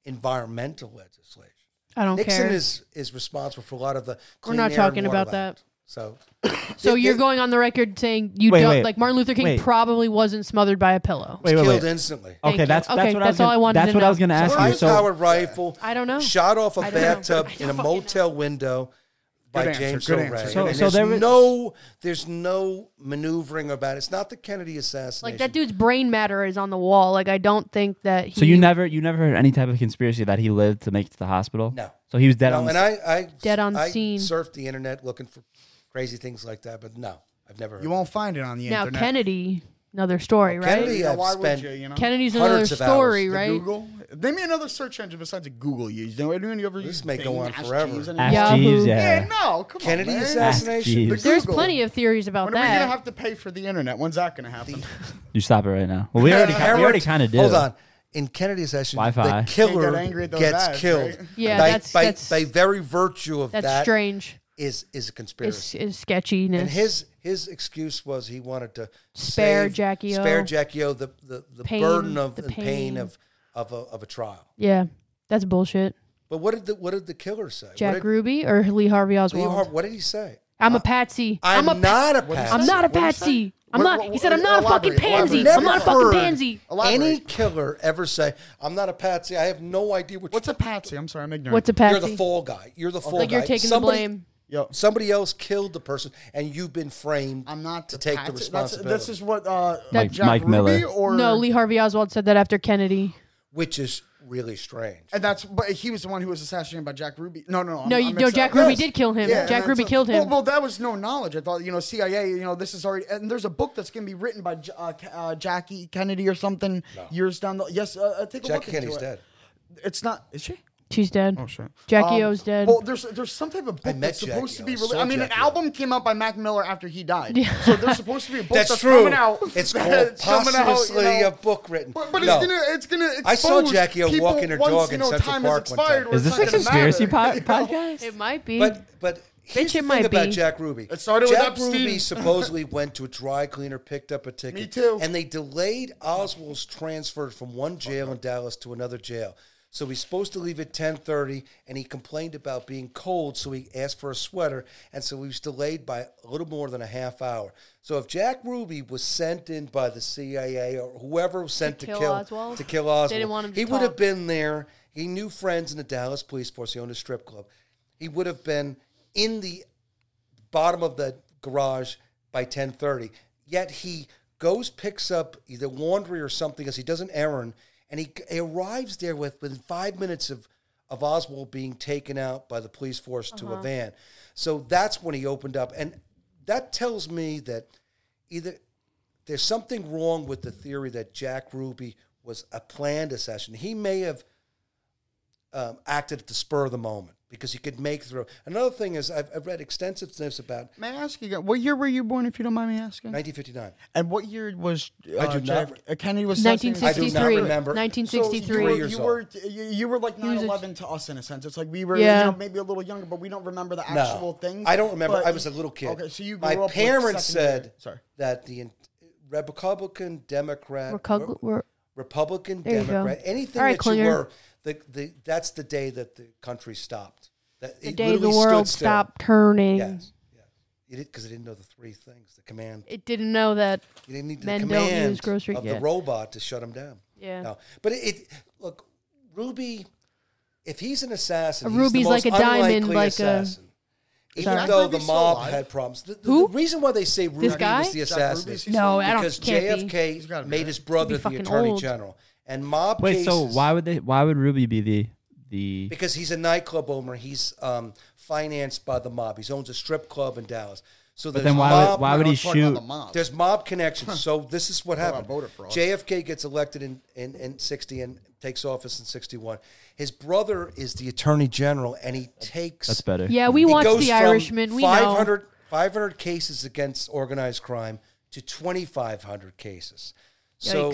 [SPEAKER 3] environmental legislation.
[SPEAKER 1] I don't
[SPEAKER 3] Nixon
[SPEAKER 1] care.
[SPEAKER 3] is is responsible for a lot of the. Clean
[SPEAKER 1] not
[SPEAKER 3] Air and
[SPEAKER 1] talking
[SPEAKER 3] Water
[SPEAKER 1] about that.
[SPEAKER 3] Act. So,
[SPEAKER 1] so
[SPEAKER 3] They-
[SPEAKER 1] you're
[SPEAKER 3] they-
[SPEAKER 1] going on the record saying you
[SPEAKER 2] Wait,
[SPEAKER 1] don't
[SPEAKER 2] wait.
[SPEAKER 1] like Martin Luther King
[SPEAKER 2] Wait.
[SPEAKER 1] probably wasn't smothered by a pillow.
[SPEAKER 2] Wait, wait,
[SPEAKER 3] killed
[SPEAKER 2] wait.
[SPEAKER 3] instantly.
[SPEAKER 1] Thank
[SPEAKER 2] Okay,
[SPEAKER 1] you.
[SPEAKER 2] that's that's
[SPEAKER 1] Okay,
[SPEAKER 2] what I
[SPEAKER 1] that's
[SPEAKER 2] was. gonna-
[SPEAKER 1] all I wanted
[SPEAKER 2] That's
[SPEAKER 1] to
[SPEAKER 2] what I was
[SPEAKER 1] know.
[SPEAKER 2] going to ask you. So
[SPEAKER 3] High-powered rifle.
[SPEAKER 1] I don't know.
[SPEAKER 3] Shot off a
[SPEAKER 1] don't know.
[SPEAKER 3] bathtub in a motel window by
[SPEAKER 4] Good answer,
[SPEAKER 3] James
[SPEAKER 4] good
[SPEAKER 3] O'Reilly.
[SPEAKER 4] answer.
[SPEAKER 2] So-
[SPEAKER 3] and
[SPEAKER 2] so
[SPEAKER 3] there's
[SPEAKER 2] there was-
[SPEAKER 3] no, there's no maneuvering about it. It's not the Kennedy assassination.
[SPEAKER 1] Like that dude's brain matter is on the wall. Like I don't think that. He,
[SPEAKER 2] So you never, you never heard any type of conspiracy that he lived to make it to the hospital.
[SPEAKER 3] No.
[SPEAKER 2] So he was dead
[SPEAKER 3] No,
[SPEAKER 2] on.
[SPEAKER 3] and
[SPEAKER 2] the
[SPEAKER 3] I, I
[SPEAKER 1] Dead on
[SPEAKER 3] I
[SPEAKER 1] scene.
[SPEAKER 3] Surfed the internet looking for crazy things like that, but no, I've never heard.
[SPEAKER 4] You won't find it on the
[SPEAKER 1] now
[SPEAKER 4] internet.
[SPEAKER 1] Kennedy. another story, right?
[SPEAKER 3] Kennedy-
[SPEAKER 4] Yeah,
[SPEAKER 3] I've
[SPEAKER 4] why would
[SPEAKER 3] spent
[SPEAKER 4] you, you know?
[SPEAKER 1] Kennedy's another
[SPEAKER 3] Hundreds of hours
[SPEAKER 1] story,
[SPEAKER 3] to
[SPEAKER 4] The
[SPEAKER 1] right?
[SPEAKER 4] Google. Name me another search engine besides Google. You know, anyone you ever
[SPEAKER 3] This
[SPEAKER 4] use
[SPEAKER 3] may go
[SPEAKER 4] Bing,
[SPEAKER 3] on
[SPEAKER 4] Ask
[SPEAKER 3] forever.
[SPEAKER 4] Jeeves, anything?
[SPEAKER 2] Ask
[SPEAKER 1] Yahoo.
[SPEAKER 2] Jeeves, yeah.
[SPEAKER 4] Yeah, no, come
[SPEAKER 3] Kennedy
[SPEAKER 4] on, man.
[SPEAKER 3] assassination.
[SPEAKER 2] Jeeves.
[SPEAKER 4] The
[SPEAKER 1] There's
[SPEAKER 4] Google.
[SPEAKER 1] plenty of theories about
[SPEAKER 4] When are we
[SPEAKER 1] that.
[SPEAKER 4] gonna have to pay for the internet? When's that gonna happen?
[SPEAKER 2] You stop it right now. Well, we already
[SPEAKER 3] Harold-
[SPEAKER 2] we already kind of did.
[SPEAKER 3] Hold on. In Kennedy's session,
[SPEAKER 2] Wi-Fi.
[SPEAKER 3] the
[SPEAKER 4] Can't
[SPEAKER 3] killer
[SPEAKER 4] get angry at those
[SPEAKER 3] gets
[SPEAKER 4] ads,
[SPEAKER 3] killed.
[SPEAKER 4] right?
[SPEAKER 1] Yeah,
[SPEAKER 3] by,
[SPEAKER 1] that's-
[SPEAKER 3] by,
[SPEAKER 1] that's-
[SPEAKER 3] by very virtue of
[SPEAKER 1] That's
[SPEAKER 3] that
[SPEAKER 1] strange.
[SPEAKER 3] is is a conspiracy.
[SPEAKER 1] It's, it's sketchiness.
[SPEAKER 3] And his his excuse was he wanted to
[SPEAKER 1] Spare
[SPEAKER 3] save-
[SPEAKER 1] Jackie O.
[SPEAKER 3] spare Jackie O the the, the
[SPEAKER 1] Pain,
[SPEAKER 3] burden of
[SPEAKER 1] the
[SPEAKER 3] the pain.
[SPEAKER 1] pain.
[SPEAKER 3] of of a, of a trial.
[SPEAKER 1] yeah, that's bullshit.
[SPEAKER 3] But what did the what did the killer say?
[SPEAKER 1] Jack
[SPEAKER 3] what did,
[SPEAKER 1] Ruby or Lee Harvey
[SPEAKER 3] Lee
[SPEAKER 1] Oswald.
[SPEAKER 3] Har- what did he say?
[SPEAKER 1] I'm a patsy.
[SPEAKER 3] I'm,
[SPEAKER 1] a. Pa-
[SPEAKER 3] not a
[SPEAKER 4] What did he
[SPEAKER 3] patsy.
[SPEAKER 1] I'm not a
[SPEAKER 4] What'd you say?
[SPEAKER 1] patsy. I'm
[SPEAKER 4] What-
[SPEAKER 1] not.
[SPEAKER 4] what-
[SPEAKER 1] He said I'm
[SPEAKER 4] what-
[SPEAKER 1] not a fucking
[SPEAKER 4] elaborate,
[SPEAKER 1] pansy.
[SPEAKER 4] elaborate.
[SPEAKER 1] I'm not a
[SPEAKER 3] Never
[SPEAKER 1] fucking
[SPEAKER 3] heard
[SPEAKER 1] pansy.
[SPEAKER 4] Elaborate.
[SPEAKER 3] Any killer ever say, "I'm not a patsy. I have no idea what."
[SPEAKER 4] What's
[SPEAKER 3] you
[SPEAKER 4] a patsy? I'm sorry, I'm ignorant.
[SPEAKER 1] What's a
[SPEAKER 3] You're
[SPEAKER 1] patsy?
[SPEAKER 3] the fall guy. You're the fall
[SPEAKER 1] like
[SPEAKER 3] guy.
[SPEAKER 1] you're taking
[SPEAKER 3] somebody,
[SPEAKER 1] the blame.
[SPEAKER 4] Yo,
[SPEAKER 3] Somebody else killed the person, and you've been framed.
[SPEAKER 4] I'm not
[SPEAKER 3] to take the
[SPEAKER 4] patsy.
[SPEAKER 3] responsibility,
[SPEAKER 4] That's, this is what uh,
[SPEAKER 2] Mike-
[SPEAKER 4] Jack
[SPEAKER 2] Mike
[SPEAKER 4] Ruby
[SPEAKER 2] Miller.
[SPEAKER 4] or
[SPEAKER 1] No, Lee Harvey Oswald said that after Kennedy.
[SPEAKER 3] which is really strange.
[SPEAKER 4] And that's but he was the one who was assassinated by Jack Ruby. No, no, no. I'm-
[SPEAKER 1] No, you-
[SPEAKER 4] I'm
[SPEAKER 1] no,
[SPEAKER 4] mixed
[SPEAKER 1] Jack
[SPEAKER 4] up.
[SPEAKER 1] Ruby did kill him.
[SPEAKER 4] and
[SPEAKER 1] Jack
[SPEAKER 4] that's
[SPEAKER 1] Ruby
[SPEAKER 4] a-
[SPEAKER 1] killed him.
[SPEAKER 4] Well, well, that was no knowledge. I thought, you know, CIA, you know, this is already. And there's a book that's going to be written by J- uh, K- uh, Jackie Kennedy or something years down the. Yes, uh, uh, take a look.
[SPEAKER 3] Jackie
[SPEAKER 4] into
[SPEAKER 3] Kennedy's
[SPEAKER 4] it.
[SPEAKER 3] dead.
[SPEAKER 4] It's not. Is she?
[SPEAKER 1] She's dead.
[SPEAKER 4] Oh shit.
[SPEAKER 1] Jackie
[SPEAKER 4] Um,
[SPEAKER 1] O's dead.
[SPEAKER 4] Well, there's there's some type of book
[SPEAKER 3] met
[SPEAKER 4] that's supposed
[SPEAKER 3] Jackie
[SPEAKER 4] to
[SPEAKER 3] O. I
[SPEAKER 4] be released.
[SPEAKER 3] saw
[SPEAKER 4] I mean, an
[SPEAKER 3] Jackie O.
[SPEAKER 4] album came out by Mac Miller after he died. So there's supposed to be a book that's,
[SPEAKER 3] That's true.
[SPEAKER 4] coming out.
[SPEAKER 3] It's
[SPEAKER 4] that's coming out, you
[SPEAKER 3] posthumously
[SPEAKER 4] know.
[SPEAKER 3] a book written.
[SPEAKER 4] But, but
[SPEAKER 3] No.
[SPEAKER 4] it's gonna it's gonna. Expose
[SPEAKER 3] I saw Jackie O
[SPEAKER 4] people
[SPEAKER 3] walking her
[SPEAKER 4] once,
[SPEAKER 3] dog
[SPEAKER 4] you
[SPEAKER 3] in
[SPEAKER 4] know,
[SPEAKER 3] Central
[SPEAKER 4] time
[SPEAKER 3] Park one
[SPEAKER 4] has expired,
[SPEAKER 3] time.
[SPEAKER 4] where
[SPEAKER 2] Is this a
[SPEAKER 4] it's not gonna
[SPEAKER 2] conspiracy
[SPEAKER 4] matter.
[SPEAKER 2] po- podcast?
[SPEAKER 1] it might be.
[SPEAKER 3] But but here's
[SPEAKER 1] Bitch, it
[SPEAKER 3] the
[SPEAKER 1] might
[SPEAKER 3] thing about
[SPEAKER 1] be.
[SPEAKER 3] Jack Ruby.
[SPEAKER 4] It started with
[SPEAKER 3] Jack
[SPEAKER 4] Epstein.
[SPEAKER 3] Ruby supposedly went to a dry cleaner, picked up a ticket.
[SPEAKER 4] Me too.
[SPEAKER 3] And they delayed Oswald's transfer from one jail in Dallas to another jail. So he's supposed to leave at ten thirty, and he complained about being cold, so he asked for a sweater, and so he was delayed by a little more than a half hour. So if Jack Ruby was sent in by the CIA or whoever was sent to,
[SPEAKER 1] kill
[SPEAKER 3] kill
[SPEAKER 1] Oswald?
[SPEAKER 3] to kill Oswald,
[SPEAKER 1] didn't want him to
[SPEAKER 3] he would
[SPEAKER 1] talk.
[SPEAKER 3] have been there. He knew friends in the Dallas police force. He owned a strip club. He would have been in the bottom of the garage by 10:30. Yet he goes, picks up either laundry or something, because he does an errand, and he, he arrives there with within five minutes of of Oswald being taken out by the police force
[SPEAKER 1] Uh-huh.
[SPEAKER 3] to a van. So that's when he opened up, and that tells me that either there's something wrong with the theory that Jack Ruby was a planned assassin. He may have um, acted at the spur of the moment because he could make through. Another thing is I've, I've read extensive things about
[SPEAKER 4] May I ask you, again, what year were you born, if you don't mind me asking?
[SPEAKER 3] 1959.
[SPEAKER 4] And what year was uh,
[SPEAKER 3] I do not
[SPEAKER 4] Jack-
[SPEAKER 3] re-
[SPEAKER 4] uh, Kennedy was assassinated?
[SPEAKER 1] 1963.
[SPEAKER 3] I do not remember.
[SPEAKER 4] So you
[SPEAKER 1] 1963.
[SPEAKER 4] were,
[SPEAKER 3] Three years
[SPEAKER 4] you, were you, you were like
[SPEAKER 1] was a-
[SPEAKER 4] 9-11 to us in a sense. It's like we were
[SPEAKER 1] Yeah.
[SPEAKER 4] you know, maybe a little younger, but we don't remember the
[SPEAKER 3] No,
[SPEAKER 4] actual things.
[SPEAKER 3] I don't remember.
[SPEAKER 4] But-
[SPEAKER 3] I was a little kid.
[SPEAKER 4] Okay, so you grew
[SPEAKER 3] my
[SPEAKER 4] up with
[SPEAKER 3] parents
[SPEAKER 4] secondary-
[SPEAKER 3] said
[SPEAKER 4] Sorry.
[SPEAKER 3] that the in- Republican, Democrat,
[SPEAKER 1] Recug- we're-
[SPEAKER 3] Republican,
[SPEAKER 1] There you go.
[SPEAKER 3] Democrat, anything
[SPEAKER 1] All right,
[SPEAKER 3] that
[SPEAKER 1] Klinger.
[SPEAKER 3] you were, the, the that's the day that the country stopped. That
[SPEAKER 1] the
[SPEAKER 3] it
[SPEAKER 1] day the
[SPEAKER 3] literally stood
[SPEAKER 1] world
[SPEAKER 3] still.
[SPEAKER 1] stopped turning.
[SPEAKER 3] Yes, yes. You did because it didn't know the three things: the command.
[SPEAKER 1] It didn't know that.
[SPEAKER 3] You didn't need the
[SPEAKER 1] Men don't
[SPEAKER 3] command
[SPEAKER 1] use grocery-
[SPEAKER 3] of
[SPEAKER 1] Yeah.
[SPEAKER 3] the robot to shut him down.
[SPEAKER 1] Yeah.
[SPEAKER 3] No, but it, it look Ruby. If he's an assassin,
[SPEAKER 1] A
[SPEAKER 3] he's the
[SPEAKER 1] Ruby's
[SPEAKER 3] most
[SPEAKER 1] like a diamond,
[SPEAKER 3] unlikely
[SPEAKER 1] like a-
[SPEAKER 3] assassin.
[SPEAKER 1] Sorry.
[SPEAKER 3] Even though the
[SPEAKER 4] Ruby's still
[SPEAKER 3] mob
[SPEAKER 4] alive.
[SPEAKER 3] had problems, the, the,
[SPEAKER 1] Who?
[SPEAKER 3] the reason why they say Ruby
[SPEAKER 1] guy?
[SPEAKER 3] was the
[SPEAKER 4] Jack
[SPEAKER 3] assassin
[SPEAKER 4] Ruby's-
[SPEAKER 3] is
[SPEAKER 1] No, I don't.
[SPEAKER 3] because
[SPEAKER 1] can't be.
[SPEAKER 4] He's
[SPEAKER 3] JFK
[SPEAKER 4] gotta be
[SPEAKER 3] made
[SPEAKER 4] dead.
[SPEAKER 3] his brother
[SPEAKER 1] He'd be
[SPEAKER 3] the
[SPEAKER 1] fucking
[SPEAKER 3] attorney
[SPEAKER 1] old.
[SPEAKER 3] general, and mob
[SPEAKER 2] Wait,
[SPEAKER 3] cases.
[SPEAKER 2] so why would they? Why would Ruby be the the?
[SPEAKER 3] Because he's a nightclub owner. He's um, financed by the mob. He owns a strip club in Dallas. So
[SPEAKER 2] But
[SPEAKER 3] there's
[SPEAKER 2] then why
[SPEAKER 3] mob,
[SPEAKER 2] would why would he
[SPEAKER 4] Let's talk about
[SPEAKER 2] shoot?
[SPEAKER 4] the mob.
[SPEAKER 3] There's mob connections. So this is what happened.
[SPEAKER 4] voter fraud.
[SPEAKER 3] JFK gets elected in, in, in 60 and takes office in 61. His brother is the attorney general, and he takes.
[SPEAKER 2] That's better.
[SPEAKER 1] Yeah, we
[SPEAKER 3] he
[SPEAKER 1] watched
[SPEAKER 3] goes
[SPEAKER 1] The
[SPEAKER 3] from
[SPEAKER 1] Irishman. We know.
[SPEAKER 3] 500, 500 cases against organized crime to 2,500 cases.
[SPEAKER 1] Yikes.
[SPEAKER 3] So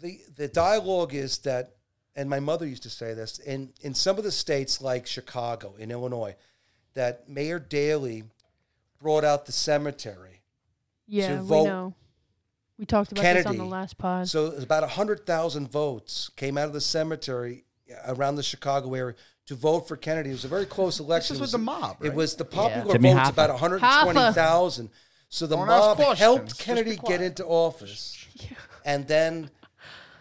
[SPEAKER 3] the, the dialogue is that, and my mother used to say this, in, in some of the states like Chicago, in Illinois, that Mayor Daley brought out the cemetery
[SPEAKER 1] Yeah,
[SPEAKER 3] to
[SPEAKER 1] we
[SPEAKER 3] vote
[SPEAKER 1] know. We talked about this on
[SPEAKER 3] Kennedy.
[SPEAKER 1] the last pod.
[SPEAKER 3] So it was about 100,000 votes came out of the cemetery around the Chicago area to vote for Kennedy. It was a very close election. It
[SPEAKER 4] is with
[SPEAKER 3] was-
[SPEAKER 4] the mob, right?
[SPEAKER 3] It was the popular
[SPEAKER 2] Jimmy
[SPEAKER 3] votes,
[SPEAKER 2] Hoffa.
[SPEAKER 3] about 120,000. So the
[SPEAKER 4] Don't ask
[SPEAKER 3] mob
[SPEAKER 4] questions,
[SPEAKER 3] helped
[SPEAKER 4] just be
[SPEAKER 3] Kennedy
[SPEAKER 4] quiet.
[SPEAKER 3] get into office. And then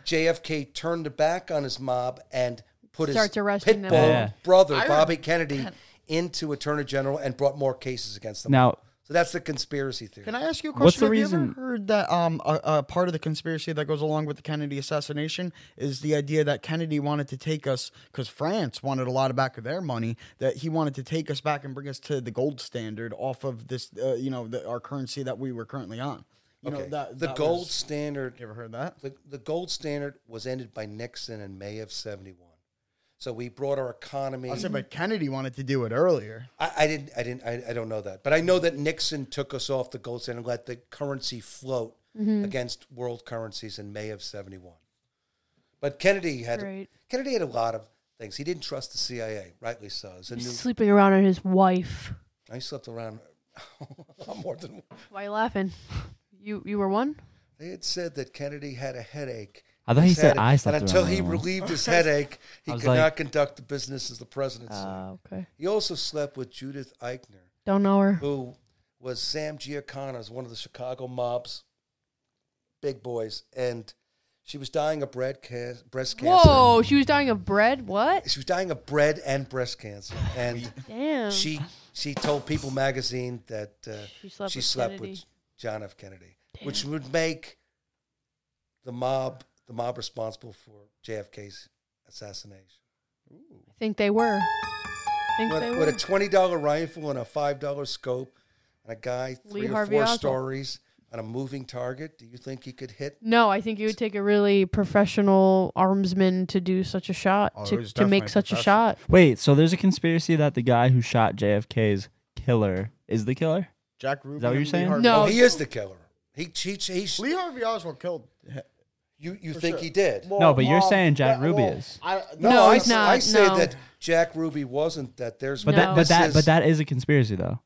[SPEAKER 3] JFK turned the back on his mob and put
[SPEAKER 1] Starts
[SPEAKER 3] his
[SPEAKER 1] arresting
[SPEAKER 3] pit
[SPEAKER 1] them.
[SPEAKER 3] bull
[SPEAKER 2] Yeah.
[SPEAKER 3] brother, Bobby Kennedy, into attorney general and brought more cases against them.
[SPEAKER 2] Now,
[SPEAKER 3] so that's the conspiracy theory.
[SPEAKER 4] Can I ask you a question?
[SPEAKER 2] What's the
[SPEAKER 4] Have you
[SPEAKER 2] reason-
[SPEAKER 4] ever heard that um, a, a part of the conspiracy that goes along with the Kennedy assassination is the idea that Kennedy wanted to take us because France wanted a lot of back of their money that he wanted to take us back and bring us to the gold standard off of this, uh, you know, the, our currency that we were currently on. You know, that,
[SPEAKER 3] the
[SPEAKER 4] that
[SPEAKER 3] gold
[SPEAKER 4] was-
[SPEAKER 3] standard
[SPEAKER 4] you ever heard that?
[SPEAKER 3] the, the gold standard was ended by Nixon in May of 71. So we brought our economy.
[SPEAKER 4] I said, but Kennedy wanted to do it earlier.
[SPEAKER 3] I, I didn't, I didn't, I, I don't know that, but I know that Nixon took us off the gold standard and let the currency float
[SPEAKER 1] Mm-hmm.
[SPEAKER 3] against world currencies in May of 71. But Kennedy had,
[SPEAKER 1] Right.
[SPEAKER 3] Kennedy had a lot of things. He didn't trust the CIA, rightly so. It was a
[SPEAKER 1] He's
[SPEAKER 3] new-
[SPEAKER 1] sleeping around on his wife.
[SPEAKER 3] I slept around more than
[SPEAKER 1] Why are you laughing? You you were one.
[SPEAKER 3] They had said that Kennedy had a headache.
[SPEAKER 2] I thought he
[SPEAKER 3] His
[SPEAKER 2] said
[SPEAKER 3] headache-
[SPEAKER 2] I slept
[SPEAKER 3] And until
[SPEAKER 2] around
[SPEAKER 3] he
[SPEAKER 2] more.
[SPEAKER 3] relieved his headache, he
[SPEAKER 2] I was
[SPEAKER 3] could
[SPEAKER 2] like- uh,
[SPEAKER 3] not conduct the business as the presidency.
[SPEAKER 1] okay.
[SPEAKER 3] He also slept with Judith Eichner,
[SPEAKER 1] Don't know her.
[SPEAKER 3] who was Sam Giacana's one of the Chicago mob's big boys, and she was dying of bread ca- breast cancer.
[SPEAKER 1] Whoa, she was dying of bread. What?
[SPEAKER 3] She was dying of bread and breast cancer, and
[SPEAKER 1] Damn.
[SPEAKER 3] she she told People magazine that uh,
[SPEAKER 1] Oh. She slept
[SPEAKER 3] she
[SPEAKER 1] with
[SPEAKER 3] slept
[SPEAKER 1] Kennedy.
[SPEAKER 3] with John F. Kennedy, which would make the mob the mob responsible for JFK's assassination.
[SPEAKER 1] I think they were. I think they
[SPEAKER 3] With,
[SPEAKER 1] were.
[SPEAKER 3] with a twenty dollar rifle and a five dollar scope, and a guy three
[SPEAKER 1] Lee
[SPEAKER 3] or
[SPEAKER 1] Harvey
[SPEAKER 3] four
[SPEAKER 1] Oswald.
[SPEAKER 3] stories on a moving target, do you think he could hit?
[SPEAKER 1] no, I think it would take a really professional armsman to do such a shot
[SPEAKER 4] Oh, it
[SPEAKER 1] to,
[SPEAKER 4] was
[SPEAKER 1] to make
[SPEAKER 4] definitely
[SPEAKER 1] such a
[SPEAKER 4] professional.
[SPEAKER 1] shot.
[SPEAKER 2] Wait, so there's a conspiracy that the guy who shot JFK's killer is the killer?
[SPEAKER 4] Jack Rubin.
[SPEAKER 2] what you're
[SPEAKER 4] and Lee
[SPEAKER 2] saying?
[SPEAKER 4] Harvey-
[SPEAKER 1] No.
[SPEAKER 3] Oh, he is the killer. He he, he, he
[SPEAKER 4] Lee Harvey Oswald killed.
[SPEAKER 3] you you think he did?
[SPEAKER 2] No, but you're saying Jack Ruby is.
[SPEAKER 4] I,
[SPEAKER 1] No,
[SPEAKER 3] I,
[SPEAKER 1] he's
[SPEAKER 3] s- I
[SPEAKER 1] not,
[SPEAKER 3] say
[SPEAKER 1] no.
[SPEAKER 3] that Jack Ruby wasn't. That there's
[SPEAKER 2] But that, but that, but that is a conspiracy though.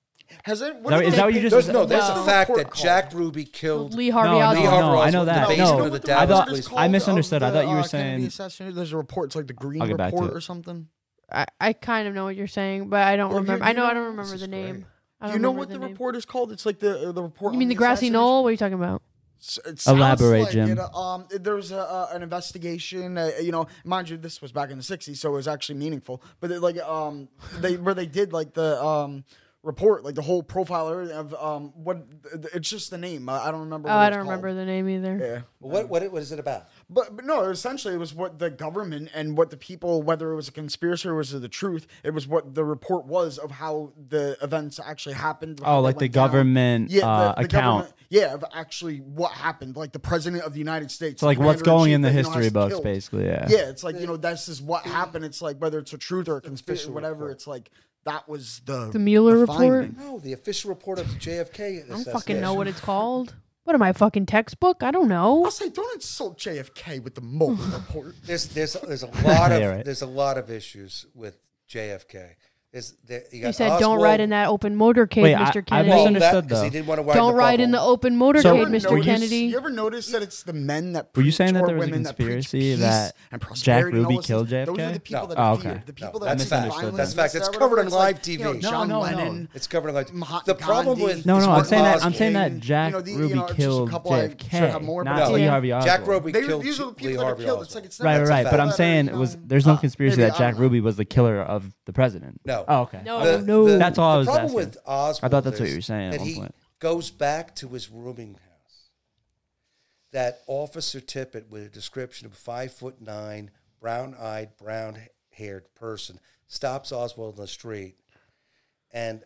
[SPEAKER 4] Has it,
[SPEAKER 2] Is that-
[SPEAKER 4] about
[SPEAKER 2] is that
[SPEAKER 4] the
[SPEAKER 2] what you
[SPEAKER 4] big-
[SPEAKER 2] just-
[SPEAKER 3] There's, no, there's
[SPEAKER 1] No.
[SPEAKER 3] a fact
[SPEAKER 4] Report
[SPEAKER 3] that
[SPEAKER 4] card.
[SPEAKER 3] Jack Ruby killed
[SPEAKER 1] Lee Harvey
[SPEAKER 2] no,
[SPEAKER 1] Oswald.
[SPEAKER 2] no, no, I
[SPEAKER 3] Oswald,
[SPEAKER 2] know
[SPEAKER 3] the
[SPEAKER 2] that.
[SPEAKER 3] basement
[SPEAKER 2] No,
[SPEAKER 3] of the
[SPEAKER 2] I
[SPEAKER 3] Dallas
[SPEAKER 2] thought
[SPEAKER 3] police-
[SPEAKER 2] I misunderstood. I
[SPEAKER 4] of the,
[SPEAKER 2] thought you
[SPEAKER 4] uh,
[SPEAKER 2] were
[SPEAKER 4] Kennedy
[SPEAKER 2] saying
[SPEAKER 4] assassination? There's a report. It's like the Green
[SPEAKER 2] I'll get back to
[SPEAKER 4] Report
[SPEAKER 2] it.
[SPEAKER 4] or something.
[SPEAKER 1] I, I kind of know what you're saying, but I don't
[SPEAKER 4] Well, you-
[SPEAKER 1] remember.
[SPEAKER 4] you
[SPEAKER 1] I know
[SPEAKER 4] know-
[SPEAKER 1] I don't
[SPEAKER 3] This
[SPEAKER 1] remember
[SPEAKER 3] is
[SPEAKER 1] the name.
[SPEAKER 3] great.
[SPEAKER 1] I
[SPEAKER 4] Do
[SPEAKER 1] don't
[SPEAKER 4] you know
[SPEAKER 1] remember
[SPEAKER 4] what the,
[SPEAKER 1] name.
[SPEAKER 4] report is called? It's like the uh, the report.
[SPEAKER 1] You
[SPEAKER 4] on
[SPEAKER 1] mean the grassy
[SPEAKER 4] assassination.
[SPEAKER 1] knoll? What are you talking about?
[SPEAKER 4] S- it sounds
[SPEAKER 2] Elaborate, Jim.
[SPEAKER 4] It, uh, um, it- there was a, uh, an investigation. Uh, you know, mind you, this was back in the '60s, so it was actually meaningful. But it, like, um, they where they did like the um report, like the whole profile of um what it's just the name. I, I don't remember.
[SPEAKER 1] Oh,
[SPEAKER 4] what
[SPEAKER 1] I
[SPEAKER 4] it was
[SPEAKER 1] don't remember
[SPEAKER 4] called.
[SPEAKER 1] the name either.
[SPEAKER 4] Yeah.
[SPEAKER 3] What, what what is it about?
[SPEAKER 4] But, but no, essentially, it was what the government and what the people, whether it was a conspiracy or was it the truth, it was what the report was of how the events actually happened. how
[SPEAKER 2] Oh,
[SPEAKER 4] they
[SPEAKER 2] like the
[SPEAKER 4] went down.
[SPEAKER 2] government, uh, account.
[SPEAKER 4] Government, yeah, of actually what happened, like the president of the United States.
[SPEAKER 2] So, like, what's
[SPEAKER 4] commander-in-chief
[SPEAKER 2] going in the
[SPEAKER 4] that, you know,
[SPEAKER 2] history
[SPEAKER 4] has
[SPEAKER 2] books,
[SPEAKER 4] killed.
[SPEAKER 2] basically, yeah.
[SPEAKER 4] Yeah, it's like you know this is what happened. It's like whether it's a truth or a conspiracy,
[SPEAKER 3] official
[SPEAKER 4] whatever.
[SPEAKER 3] report.
[SPEAKER 4] It's like that was the
[SPEAKER 1] The Mueller report?
[SPEAKER 4] finding.
[SPEAKER 3] No, the official report of the JFK.
[SPEAKER 1] I don't fucking know what it's called. What am I fucking textbook? I don't know.
[SPEAKER 4] I'll say, don't insult JFK with the Mueller report.
[SPEAKER 3] There's there's there's a lot of
[SPEAKER 2] Yeah, right.
[SPEAKER 3] there's a lot of issues with JFK. There's, there, you, got
[SPEAKER 1] You said don't ride in that open motorcade,
[SPEAKER 2] Wait, I-
[SPEAKER 1] Mr.
[SPEAKER 2] I
[SPEAKER 1] Kennedy.
[SPEAKER 2] misunderstood.
[SPEAKER 3] because he
[SPEAKER 2] though.
[SPEAKER 3] didn't want to ride.
[SPEAKER 1] don't
[SPEAKER 3] the
[SPEAKER 1] ride in the
[SPEAKER 3] bubble.
[SPEAKER 1] open
[SPEAKER 2] So-
[SPEAKER 1] motorcade,
[SPEAKER 2] You ever
[SPEAKER 1] Mr.
[SPEAKER 4] notice-
[SPEAKER 1] Kennedy.
[SPEAKER 4] You ever notice that it's the men that
[SPEAKER 2] Were you
[SPEAKER 4] preach
[SPEAKER 2] saying that
[SPEAKER 4] or
[SPEAKER 2] there was a
[SPEAKER 4] women that preach
[SPEAKER 2] conspiracy
[SPEAKER 4] peace
[SPEAKER 2] that
[SPEAKER 4] and
[SPEAKER 2] Jack
[SPEAKER 4] prosperity and
[SPEAKER 2] Ruby
[SPEAKER 4] all this-
[SPEAKER 2] killed
[SPEAKER 4] Those are
[SPEAKER 2] JFK?
[SPEAKER 4] the people
[SPEAKER 3] No.
[SPEAKER 4] that
[SPEAKER 2] Oh,
[SPEAKER 4] are
[SPEAKER 2] okay.
[SPEAKER 4] feared. The
[SPEAKER 3] No,
[SPEAKER 4] people that
[SPEAKER 3] that's
[SPEAKER 4] are feared.
[SPEAKER 3] fact.
[SPEAKER 4] violence,
[SPEAKER 3] That's fact.
[SPEAKER 4] this,
[SPEAKER 3] It's
[SPEAKER 4] that,
[SPEAKER 3] covered
[SPEAKER 4] whatever.
[SPEAKER 3] on
[SPEAKER 4] It's
[SPEAKER 3] live
[SPEAKER 4] like,
[SPEAKER 3] TV.
[SPEAKER 4] You know,
[SPEAKER 3] No,
[SPEAKER 4] John
[SPEAKER 2] no, no.
[SPEAKER 4] Lennon.
[SPEAKER 3] It's covered like
[SPEAKER 4] Mahatma
[SPEAKER 3] the problem
[SPEAKER 4] Gandhi.
[SPEAKER 3] with
[SPEAKER 2] No,
[SPEAKER 3] is
[SPEAKER 2] no,
[SPEAKER 3] what
[SPEAKER 2] I'm saying that.
[SPEAKER 3] Oswald-
[SPEAKER 2] I'm saying that
[SPEAKER 4] King,
[SPEAKER 2] Jack
[SPEAKER 4] you know, the- you
[SPEAKER 2] Ruby
[SPEAKER 4] know, just a
[SPEAKER 2] killed
[SPEAKER 4] couple I
[SPEAKER 2] JFK,
[SPEAKER 4] sure have more,
[SPEAKER 2] not
[SPEAKER 4] but-
[SPEAKER 2] Lee
[SPEAKER 1] Yeah.
[SPEAKER 2] Harvey Oswald.
[SPEAKER 3] Jack Ruby
[SPEAKER 4] They,
[SPEAKER 3] killed
[SPEAKER 4] these are the people
[SPEAKER 3] Lee
[SPEAKER 4] that are
[SPEAKER 3] Harvey
[SPEAKER 4] killed. It's
[SPEAKER 3] Oswald.
[SPEAKER 4] like it's not
[SPEAKER 2] Right,
[SPEAKER 4] it's
[SPEAKER 2] right,
[SPEAKER 4] a
[SPEAKER 2] right. But
[SPEAKER 4] fact.
[SPEAKER 2] I'm saying it was there's
[SPEAKER 4] Uh,
[SPEAKER 2] no conspiracy
[SPEAKER 4] maybe
[SPEAKER 2] that
[SPEAKER 4] I
[SPEAKER 2] Jack
[SPEAKER 4] don't know.
[SPEAKER 2] Ruby was the killer of the president.
[SPEAKER 3] No.
[SPEAKER 2] Oh, okay.
[SPEAKER 1] No.
[SPEAKER 3] The-
[SPEAKER 1] no.
[SPEAKER 3] the-
[SPEAKER 2] That's all I was
[SPEAKER 3] The problem
[SPEAKER 2] asking.
[SPEAKER 3] with Oswald.
[SPEAKER 2] I thought that's what
[SPEAKER 3] is
[SPEAKER 2] you were saying at
[SPEAKER 3] that
[SPEAKER 2] one
[SPEAKER 3] he
[SPEAKER 2] point.
[SPEAKER 3] goes back to his rooming house. That Officer Tippett, with a description of a five foot nine, brown eyed, brown haired person, stops Oswald on the street, and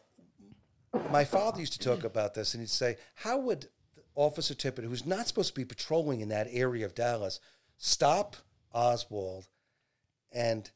[SPEAKER 3] my father used to talk about this, and he'd say, "How would Officer Tippett, who's not supposed to be patrolling in that area of Dallas, stop Oswald and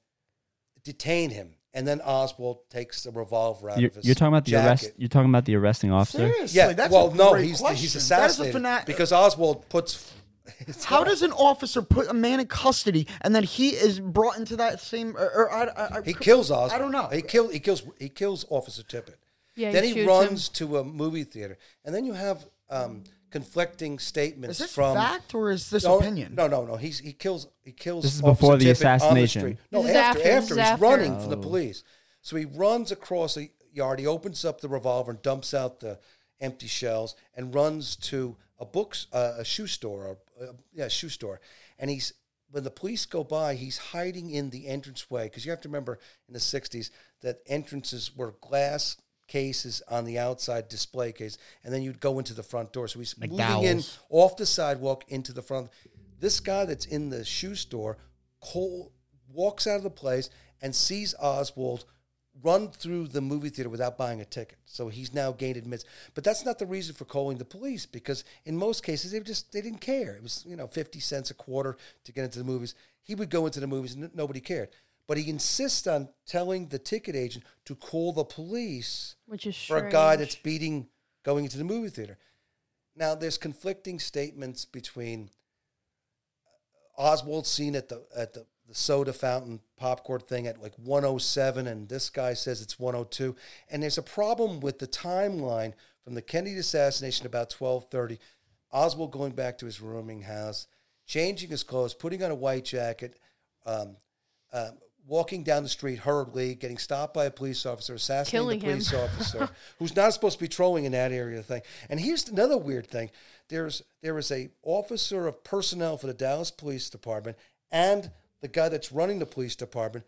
[SPEAKER 3] detain him?" And then Oswald takes the revolver out
[SPEAKER 2] You're,
[SPEAKER 3] of his.
[SPEAKER 2] you're talking about the
[SPEAKER 3] jacket.
[SPEAKER 2] arrest. You're talking about the arresting officer.
[SPEAKER 4] Seriously,
[SPEAKER 3] Yeah.
[SPEAKER 4] that's
[SPEAKER 3] well,
[SPEAKER 4] a
[SPEAKER 3] no,
[SPEAKER 4] great
[SPEAKER 3] he's
[SPEAKER 4] question.
[SPEAKER 3] he's
[SPEAKER 4] That is
[SPEAKER 3] assassinated
[SPEAKER 4] a fanatic.
[SPEAKER 3] because Oswald puts.
[SPEAKER 4] How does an officer put a man in custody and then he is brought into that same? Or, or I, I, I-
[SPEAKER 3] he kills Oswald?
[SPEAKER 4] I don't know.
[SPEAKER 3] He kill he kills he kills Officer Tippett.
[SPEAKER 1] Yeah,
[SPEAKER 3] then
[SPEAKER 1] he
[SPEAKER 3] he,
[SPEAKER 1] shoots
[SPEAKER 3] runs to a movie theater, and then you have um, conflicting statements
[SPEAKER 4] Is this
[SPEAKER 3] from
[SPEAKER 4] fact or is this
[SPEAKER 3] no,
[SPEAKER 4] opinion?
[SPEAKER 3] No, no, no. He's he kills he kills.
[SPEAKER 2] This is
[SPEAKER 3] Officer
[SPEAKER 2] before the
[SPEAKER 3] Tippett
[SPEAKER 2] assassination. Oh.
[SPEAKER 3] On the street. no,
[SPEAKER 1] This is
[SPEAKER 3] after
[SPEAKER 1] after, this
[SPEAKER 3] after
[SPEAKER 1] is
[SPEAKER 3] he's
[SPEAKER 1] after.
[SPEAKER 3] running from the police. So he runs across the yard. He opens up the revolver and dumps out the empty shells and runs to a books uh, a shoe store or uh, yeah shoe store, and he's. When the police go by, he's hiding in the entranceway because you have to remember in the '60s that entrances were glass cases on the outside display case, and then you'd go into the front door. So he's moving in
[SPEAKER 4] dowels.
[SPEAKER 3] off the sidewalk into the front. This guy that's in the shoe store, Cole walks out of the place and sees Oswald run through the movie theater without buying a ticket. So he's now gained admittance. But that's not the reason for calling the police because in most cases they were just they didn't care. It was you know fifty cents a quarter to get into the movies. He would go into the movies and n- nobody cared. But he insists on telling the ticket agent to call the police
[SPEAKER 1] which is
[SPEAKER 3] for a guy that's beating going into the movie theater. Now there's conflicting statements between Oswald seen at the at the, the soda fountain popcorn thing at like 107 and this guy says it's 102 and there's a problem with the timeline from the Kennedy assassination about 1230 Oswald going back to his rooming house changing his clothes putting on a white jacket um, uh, walking down the street hurriedly getting stopped by a police officer
[SPEAKER 1] Killing
[SPEAKER 3] assassinating the
[SPEAKER 1] him.
[SPEAKER 3] police officer who's not supposed to be trolling in that area of thing. And here's another weird thing. There's there is a officer of personnel for the Dallas Police Department and the guy that's running the police department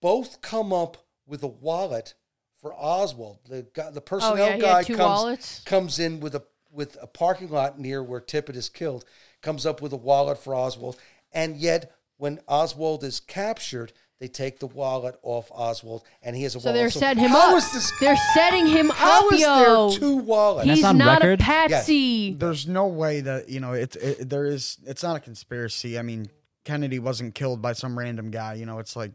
[SPEAKER 3] both come up with a wallet for Oswald. The guy, the personnel
[SPEAKER 1] Oh, yeah, he had
[SPEAKER 3] guy
[SPEAKER 1] two
[SPEAKER 3] comes
[SPEAKER 1] wallets?
[SPEAKER 3] comes in with a with a parking lot near where Tippett is killed, comes up with a wallet for Oswald, and yet when Oswald is captured, they take the wallet off Oswald, and he has a
[SPEAKER 1] so
[SPEAKER 3] wallet.
[SPEAKER 1] they're setting him
[SPEAKER 3] how
[SPEAKER 1] up.
[SPEAKER 3] is this
[SPEAKER 1] they're setting him
[SPEAKER 3] how
[SPEAKER 1] up,
[SPEAKER 3] is
[SPEAKER 1] yo.
[SPEAKER 3] there two wallets?
[SPEAKER 1] He's
[SPEAKER 2] That's on
[SPEAKER 1] not
[SPEAKER 2] record?
[SPEAKER 1] a
[SPEAKER 2] Yeah.
[SPEAKER 1] patsy.
[SPEAKER 4] There's no way that you know it's it, there is. It's not a conspiracy. I mean, Kennedy wasn't killed by some random guy. You know, it's like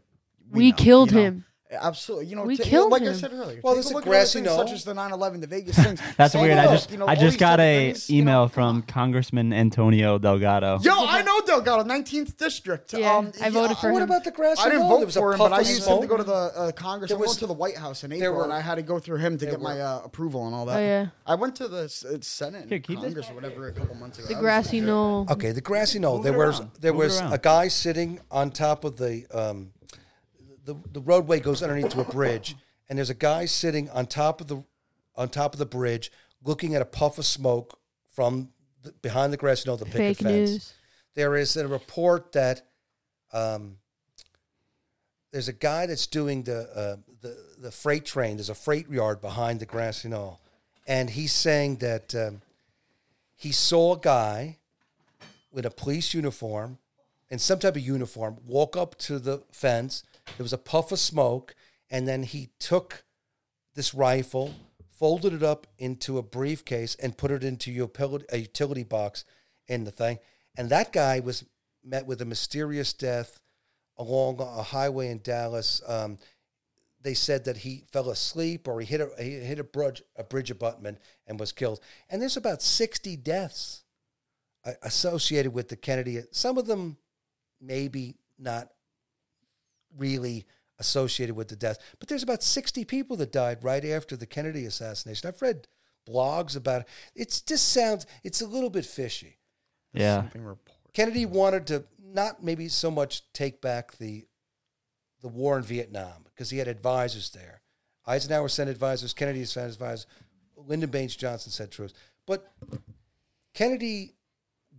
[SPEAKER 1] We
[SPEAKER 4] know,
[SPEAKER 1] killed
[SPEAKER 4] you know.
[SPEAKER 1] him.
[SPEAKER 4] Absolutely, you know.
[SPEAKER 1] We
[SPEAKER 4] ta-
[SPEAKER 1] killed
[SPEAKER 4] like I
[SPEAKER 1] him.
[SPEAKER 4] said earlier.
[SPEAKER 3] Well,
[SPEAKER 4] take
[SPEAKER 3] there's
[SPEAKER 4] a
[SPEAKER 3] a
[SPEAKER 4] look at other
[SPEAKER 3] grassy
[SPEAKER 4] things
[SPEAKER 3] knoll.
[SPEAKER 4] such as the 9/11, the Vegas things.
[SPEAKER 2] That's
[SPEAKER 4] Take a
[SPEAKER 2] weird. I
[SPEAKER 4] look,
[SPEAKER 2] just
[SPEAKER 4] you know,
[SPEAKER 2] I
[SPEAKER 4] all
[SPEAKER 2] just
[SPEAKER 4] these
[SPEAKER 2] got
[SPEAKER 4] different
[SPEAKER 2] a
[SPEAKER 4] things, you know.
[SPEAKER 2] email from Congressman Antonio Delgado.
[SPEAKER 4] Yo, I know Delgado, 19th district.
[SPEAKER 1] Yeah,
[SPEAKER 4] um,
[SPEAKER 1] I voted for
[SPEAKER 3] But What
[SPEAKER 1] him.
[SPEAKER 3] about the grass?
[SPEAKER 4] I didn't
[SPEAKER 3] alone? There
[SPEAKER 4] vote
[SPEAKER 3] was a
[SPEAKER 4] for him,
[SPEAKER 3] puff
[SPEAKER 4] but I
[SPEAKER 3] of
[SPEAKER 4] used
[SPEAKER 3] smoke.
[SPEAKER 4] to go to the uh, Congress.
[SPEAKER 3] There
[SPEAKER 4] I
[SPEAKER 3] was-
[SPEAKER 4] went to the White House in
[SPEAKER 3] there
[SPEAKER 4] April,
[SPEAKER 3] were-
[SPEAKER 4] and I had to go through him to
[SPEAKER 3] there
[SPEAKER 4] get my
[SPEAKER 3] were-
[SPEAKER 4] uh, approval and all that.
[SPEAKER 1] Oh, yeah.
[SPEAKER 4] I went to the s- it's Senate and
[SPEAKER 2] Here, keep this.
[SPEAKER 4] Congress or whatever a couple months ago.
[SPEAKER 1] The
[SPEAKER 4] That was
[SPEAKER 1] grassy knoll.
[SPEAKER 3] Okay, the grassy knoll.
[SPEAKER 2] Move
[SPEAKER 3] There
[SPEAKER 2] it
[SPEAKER 3] was
[SPEAKER 2] around.
[SPEAKER 3] there
[SPEAKER 2] Move it
[SPEAKER 3] was a
[SPEAKER 2] around.
[SPEAKER 3] guy sitting on top of the um, the the roadway goes underneath to a bridge, and there's a guy sitting on top of the on top of the bridge looking at a puff of smoke from the, behind the grassy knoll, the
[SPEAKER 1] Fake
[SPEAKER 3] picket fence.
[SPEAKER 1] news.
[SPEAKER 3] There is a report that um, there's a guy that's doing the, uh, the the freight train. There's a freight yard behind the grassy knoll, and he's saying that um, he saw a guy with a police uniform and some type of uniform walk up to the fence. There was a puff of smoke, and then he took this rifle, folded it up into a briefcase, and put it into your pilot- a utility box in the thing. And that guy was met with a mysterious death along a highway in Dallas. Um, they said that he fell asleep or he hit a he hit a bridge a bridge abutment and was killed. And there's about sixty deaths uh, associated with the Kennedy. Some of them maybe not really associated with the death. But there's about 60 people that died right after the Kennedy assassination. I've read blogs about it. It's just sounds it's a little bit fishy.
[SPEAKER 2] Yeah.
[SPEAKER 4] something report.
[SPEAKER 3] Kennedy wanted to not maybe so much take back the the war in Vietnam because he had advisors there. Eisenhower sent advisors, Kennedy sent advisors, Lyndon Baines Johnson sent troops. But Kennedy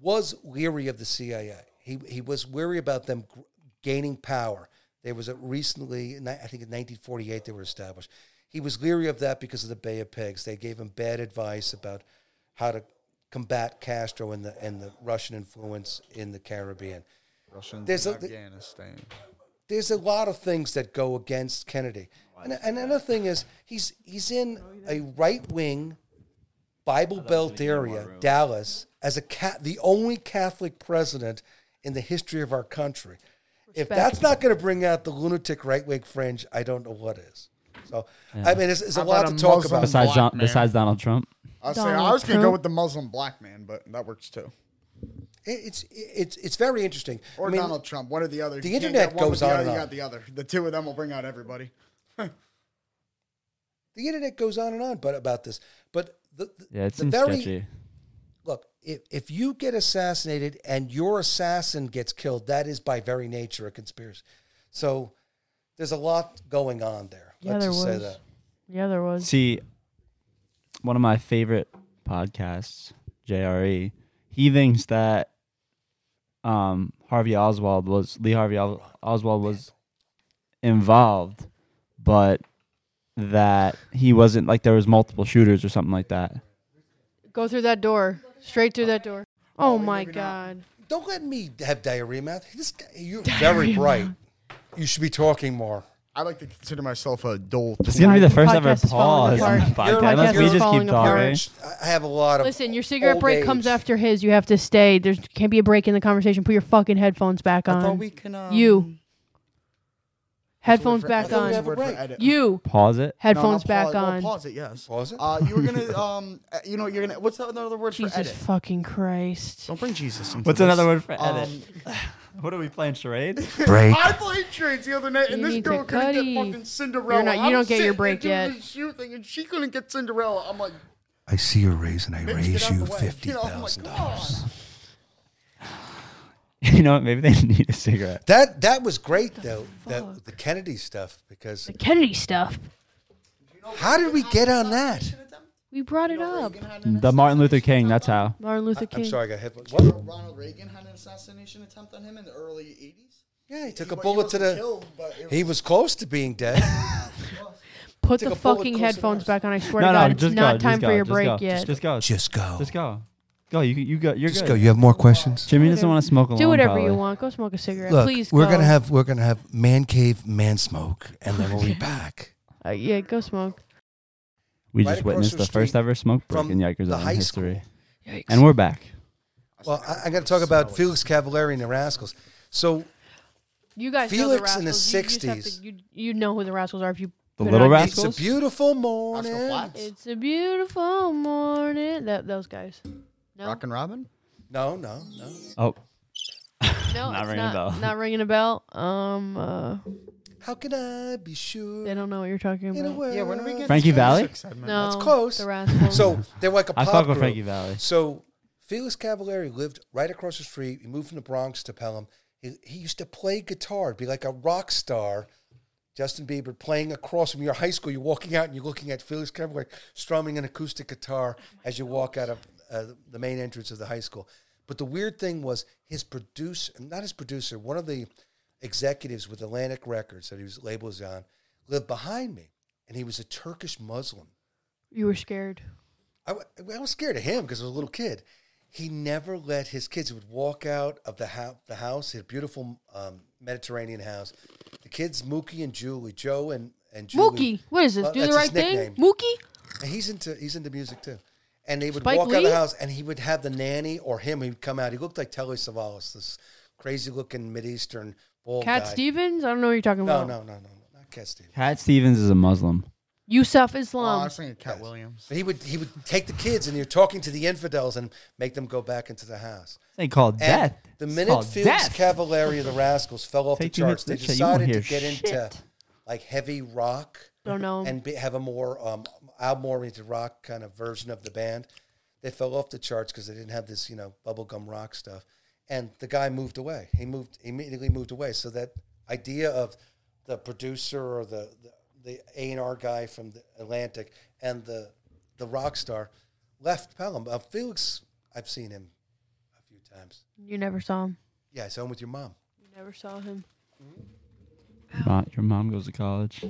[SPEAKER 3] was leery of the CIA. He he was weary about them gr- gaining power. There was a recently, in ni- I think in 1948, they were established. He was leery of that because of the Bay of Pigs. They gave him bad advice about how to combat Castro and the and the Russian influence in the Caribbean.
[SPEAKER 4] Russians
[SPEAKER 3] There's
[SPEAKER 4] in
[SPEAKER 3] a-
[SPEAKER 4] Afghanistan.
[SPEAKER 3] There's a lot of things that go against Kennedy.
[SPEAKER 4] Oh,
[SPEAKER 3] And, and another thing is he's he's in a right wing Bible Belt area, Dallas, as a ca- the only Catholic president in the history of our country. If that's not going to bring out the lunatic right wing fringe, I don't know what is. So I mean, it's, it's a
[SPEAKER 4] How
[SPEAKER 3] lot
[SPEAKER 4] about
[SPEAKER 3] to
[SPEAKER 4] a
[SPEAKER 3] talk
[SPEAKER 4] Muslim?
[SPEAKER 3] about.
[SPEAKER 2] Besides
[SPEAKER 4] Black
[SPEAKER 2] Don,
[SPEAKER 4] man.
[SPEAKER 2] besides Donald Trump.
[SPEAKER 4] I, say, I
[SPEAKER 1] Donald
[SPEAKER 4] was gonna go
[SPEAKER 1] Trump.
[SPEAKER 4] with the Muslim black man, but that works too.
[SPEAKER 3] It- It's it's it's very interesting.
[SPEAKER 4] Or
[SPEAKER 3] I mean,
[SPEAKER 4] Donald Trump, one or the other.
[SPEAKER 3] the
[SPEAKER 4] You can't
[SPEAKER 3] internet
[SPEAKER 4] get one
[SPEAKER 3] goes
[SPEAKER 4] with the
[SPEAKER 3] on
[SPEAKER 4] other,
[SPEAKER 3] and
[SPEAKER 4] You
[SPEAKER 3] on.
[SPEAKER 4] got the other. The two of them will bring out everybody.
[SPEAKER 3] the internet goes on and on, but about this, but the, the
[SPEAKER 2] Yeah, it
[SPEAKER 3] the
[SPEAKER 2] seems
[SPEAKER 3] very
[SPEAKER 2] sketchy.
[SPEAKER 3] look, if, if you get assassinated and your assassin gets killed, that is by very nature a conspiracy. So there's a lot going on there.
[SPEAKER 1] Yeah,
[SPEAKER 3] Let's
[SPEAKER 1] there
[SPEAKER 3] just say
[SPEAKER 1] was.
[SPEAKER 3] that.
[SPEAKER 1] Yeah, there was.
[SPEAKER 2] See, one of my favorite podcasts, JRE, he thinks that um, Harvey Oswald was Lee Harvey Os- Oswald was involved, but that he wasn't like there was multiple shooters or something like that.
[SPEAKER 1] Go through that door. Straight through that door. Oh my god.
[SPEAKER 3] Don't let me have diarrhea mouth. This guy, you're very bright. You should be talking more.
[SPEAKER 4] I like to consider myself a adult.
[SPEAKER 2] This is gonna be the first
[SPEAKER 1] Podcast
[SPEAKER 2] ever
[SPEAKER 1] is falling
[SPEAKER 2] pause on the
[SPEAKER 1] apart.
[SPEAKER 2] podcast.
[SPEAKER 3] Your
[SPEAKER 2] Unless we
[SPEAKER 3] podcast is
[SPEAKER 2] just keep
[SPEAKER 1] falling apart.
[SPEAKER 2] talking.
[SPEAKER 3] I have a lot of.
[SPEAKER 1] Listen, your cigarette
[SPEAKER 3] old
[SPEAKER 1] break
[SPEAKER 3] age.
[SPEAKER 1] comes after his. You have to stay. There can't be a break in the conversation. Put your fucking headphones back
[SPEAKER 4] I thought
[SPEAKER 1] on.
[SPEAKER 4] we can. Um,
[SPEAKER 1] You. headphones
[SPEAKER 4] wait for- I
[SPEAKER 1] back
[SPEAKER 4] thought we
[SPEAKER 3] on.
[SPEAKER 4] had a word for
[SPEAKER 3] Break.
[SPEAKER 4] edit.
[SPEAKER 1] You.
[SPEAKER 2] Pause it.
[SPEAKER 4] No, no,
[SPEAKER 1] Headphones back
[SPEAKER 4] pause- well,
[SPEAKER 1] on.
[SPEAKER 4] pause it. Yes.
[SPEAKER 3] Pause it.
[SPEAKER 4] Uh, you were gonna. Um, uh, you know, you're gonna. What's the other word for
[SPEAKER 1] Jesus
[SPEAKER 4] edit?
[SPEAKER 1] fucking Christ.
[SPEAKER 4] Don't bring Jesus. Into
[SPEAKER 2] What's
[SPEAKER 4] this.
[SPEAKER 2] another word for edit?
[SPEAKER 4] Um,
[SPEAKER 2] what are we playing charades?
[SPEAKER 6] Break.
[SPEAKER 4] I played trades the other night, and
[SPEAKER 1] You
[SPEAKER 4] this
[SPEAKER 1] need
[SPEAKER 4] girl
[SPEAKER 1] to
[SPEAKER 4] couldn't
[SPEAKER 1] cutty.
[SPEAKER 4] get fucking Cinderella.
[SPEAKER 1] You're not- you
[SPEAKER 4] I'm
[SPEAKER 1] don't get your
[SPEAKER 4] sitting
[SPEAKER 1] break
[SPEAKER 4] there doing
[SPEAKER 1] yet.
[SPEAKER 4] This shoe thing, and she couldn't get Cinderella. I'm like,
[SPEAKER 3] I see your raise and I
[SPEAKER 4] bitch, get
[SPEAKER 3] raise
[SPEAKER 4] out
[SPEAKER 3] you
[SPEAKER 4] the way.
[SPEAKER 3] fifty
[SPEAKER 4] You know, I'm like,
[SPEAKER 3] thousand
[SPEAKER 4] come
[SPEAKER 3] dollars.
[SPEAKER 4] on.
[SPEAKER 2] you know what? Maybe they need a cigarette.
[SPEAKER 3] That that was great though. That the Kennedy stuff because
[SPEAKER 1] The Kennedy stuff.
[SPEAKER 3] how did we get on that?
[SPEAKER 1] We brought it up.
[SPEAKER 2] The Martin Luther King. That's how.
[SPEAKER 1] Martin Luther King.
[SPEAKER 3] I'm sorry, I got hit. What?
[SPEAKER 4] Ronald Reagan had an assassination attempt on him in the early 80s.
[SPEAKER 3] Yeah, he took a bullet to the. He was close to being dead.
[SPEAKER 1] Put
[SPEAKER 3] Take
[SPEAKER 1] the
[SPEAKER 3] a bullet
[SPEAKER 1] fucking
[SPEAKER 3] close
[SPEAKER 1] headphones
[SPEAKER 3] enough.
[SPEAKER 1] back on. I swear
[SPEAKER 2] No,
[SPEAKER 1] to God,
[SPEAKER 2] no,
[SPEAKER 1] it's
[SPEAKER 2] just
[SPEAKER 1] not
[SPEAKER 2] go.
[SPEAKER 1] time
[SPEAKER 2] just go,
[SPEAKER 1] for your
[SPEAKER 2] just
[SPEAKER 1] break
[SPEAKER 2] go,
[SPEAKER 1] yet.
[SPEAKER 2] Just go.
[SPEAKER 3] Just go.
[SPEAKER 2] Just go. Go. You you go. You're
[SPEAKER 3] Just
[SPEAKER 2] good.
[SPEAKER 3] go. You have more questions.
[SPEAKER 2] Jimmy doesn't want to smoke alone.
[SPEAKER 1] Do whatever
[SPEAKER 2] probably.
[SPEAKER 1] you want. Go smoke a cigarette.
[SPEAKER 3] Look,
[SPEAKER 1] Please.
[SPEAKER 3] we're
[SPEAKER 1] go.
[SPEAKER 3] gonna have we're gonna have man cave, man smoke, and then we'll be back.
[SPEAKER 1] Uh, yeah, go smoke.
[SPEAKER 2] We
[SPEAKER 3] Right
[SPEAKER 2] just
[SPEAKER 3] across
[SPEAKER 2] witnessed
[SPEAKER 3] the
[SPEAKER 2] the first
[SPEAKER 3] street
[SPEAKER 2] ever smoke break
[SPEAKER 3] from
[SPEAKER 2] in Rikers
[SPEAKER 3] the high
[SPEAKER 2] Island history,
[SPEAKER 3] school.
[SPEAKER 1] Yikes.
[SPEAKER 2] and we're back.
[SPEAKER 3] Well, I, I'm gonna talk about Felix Cavallari and the Rascals. So
[SPEAKER 1] you guys know the
[SPEAKER 3] Felix in the
[SPEAKER 1] Rascals. You just have to-
[SPEAKER 3] 60s.
[SPEAKER 1] You, you know who the Rascals are if you.
[SPEAKER 2] The
[SPEAKER 1] put it
[SPEAKER 2] Little
[SPEAKER 1] on-
[SPEAKER 2] Rascals?
[SPEAKER 3] it's a beautiful morning.
[SPEAKER 4] Rascal Flats?
[SPEAKER 1] It's a beautiful morning. That those guys. No,
[SPEAKER 4] Rock and Robin?
[SPEAKER 3] No, no, no.
[SPEAKER 2] Oh,
[SPEAKER 1] no,
[SPEAKER 2] Not
[SPEAKER 1] it's
[SPEAKER 2] ringing a
[SPEAKER 1] not,
[SPEAKER 2] bell.
[SPEAKER 1] Not ringing a bell. Um, uh,
[SPEAKER 3] How can I be sure?
[SPEAKER 1] they don't know what you're talking
[SPEAKER 3] in a
[SPEAKER 1] about.
[SPEAKER 3] world?
[SPEAKER 4] Yeah, when are we getting
[SPEAKER 2] Frankie
[SPEAKER 4] to the
[SPEAKER 2] Valli?
[SPEAKER 4] music segment?
[SPEAKER 1] No,
[SPEAKER 3] That's close.
[SPEAKER 1] The Rascals.
[SPEAKER 3] So they're like a
[SPEAKER 2] I
[SPEAKER 3] pop
[SPEAKER 2] fuck with
[SPEAKER 3] group.
[SPEAKER 2] Frankie Valley.
[SPEAKER 3] So Felix Cavallari lived right across the street. He moved from the Bronx to Pelham. He, he used to play guitar, be like a rock star. Justin Bieber playing across from your high school. You're walking out and you're looking at Felix Cavallari strumming an acoustic guitar as you walk out of uh, the main entrance of the high school. But the weird thing was his producer, not his producer, one of the executives with Atlantic Records that he was labeled as on, lived behind me, and he was a Turkish Muslim.
[SPEAKER 1] you were scared.
[SPEAKER 3] I, wa- I was scared of him because I was a little kid. He never let his kids. He would walk out of the house. The house, his beautiful um, Mediterranean house. The kids, Mookie and Julie, Joe and and Julie.
[SPEAKER 1] Mookie, what is this?
[SPEAKER 3] Well,
[SPEAKER 1] Do the
[SPEAKER 3] that's
[SPEAKER 1] right
[SPEAKER 3] his
[SPEAKER 1] thing,
[SPEAKER 3] nickname.
[SPEAKER 1] Mookie.
[SPEAKER 3] And he's into he's into music too. And they would
[SPEAKER 1] Spike
[SPEAKER 3] walk out of
[SPEAKER 1] Lee?
[SPEAKER 3] the house, and he would have the nanny or him. He'd come out. He looked like Telly Savalas, this crazy looking Mid Eastern bald
[SPEAKER 1] Cat
[SPEAKER 3] guy.
[SPEAKER 1] Stevens. I don't know what you're talking
[SPEAKER 3] No,
[SPEAKER 1] about.
[SPEAKER 3] no, no, no, no, not Cat Steve.
[SPEAKER 2] Cat Stevens is a Muslim.
[SPEAKER 1] Yusuf
[SPEAKER 4] Oh, I
[SPEAKER 1] Islam.
[SPEAKER 4] was thinking Cat Williams.
[SPEAKER 3] But he would he would take the kids, and you're talking to the infidels, and make them go back into the house.
[SPEAKER 2] They call
[SPEAKER 3] And
[SPEAKER 2] death.
[SPEAKER 3] The
[SPEAKER 2] It's
[SPEAKER 3] minute
[SPEAKER 2] called
[SPEAKER 3] Felix
[SPEAKER 2] death.
[SPEAKER 3] Cavallari of the Rascals fell off
[SPEAKER 2] Take
[SPEAKER 3] the
[SPEAKER 2] two
[SPEAKER 3] charts,
[SPEAKER 2] hits
[SPEAKER 3] they
[SPEAKER 2] of that shit, you won't
[SPEAKER 3] decided to
[SPEAKER 2] hear
[SPEAKER 3] get into
[SPEAKER 1] shit.
[SPEAKER 3] like heavy rock
[SPEAKER 1] don't know.
[SPEAKER 3] and be, have a more um, album oriented rock kind of version of the band. They fell off the charts because they didn't have this, you know, bubblegum rock stuff. And the guy moved away. He moved immediately moved away. So that idea of the producer or the the A and R guy from the Atlantic and the the rock star left Pelham. Uh, Felix, I've seen him a few times.
[SPEAKER 1] you never saw him.
[SPEAKER 3] Yeah, it's home with your mom.
[SPEAKER 1] You never saw him.
[SPEAKER 2] Ma- your mom goes to college.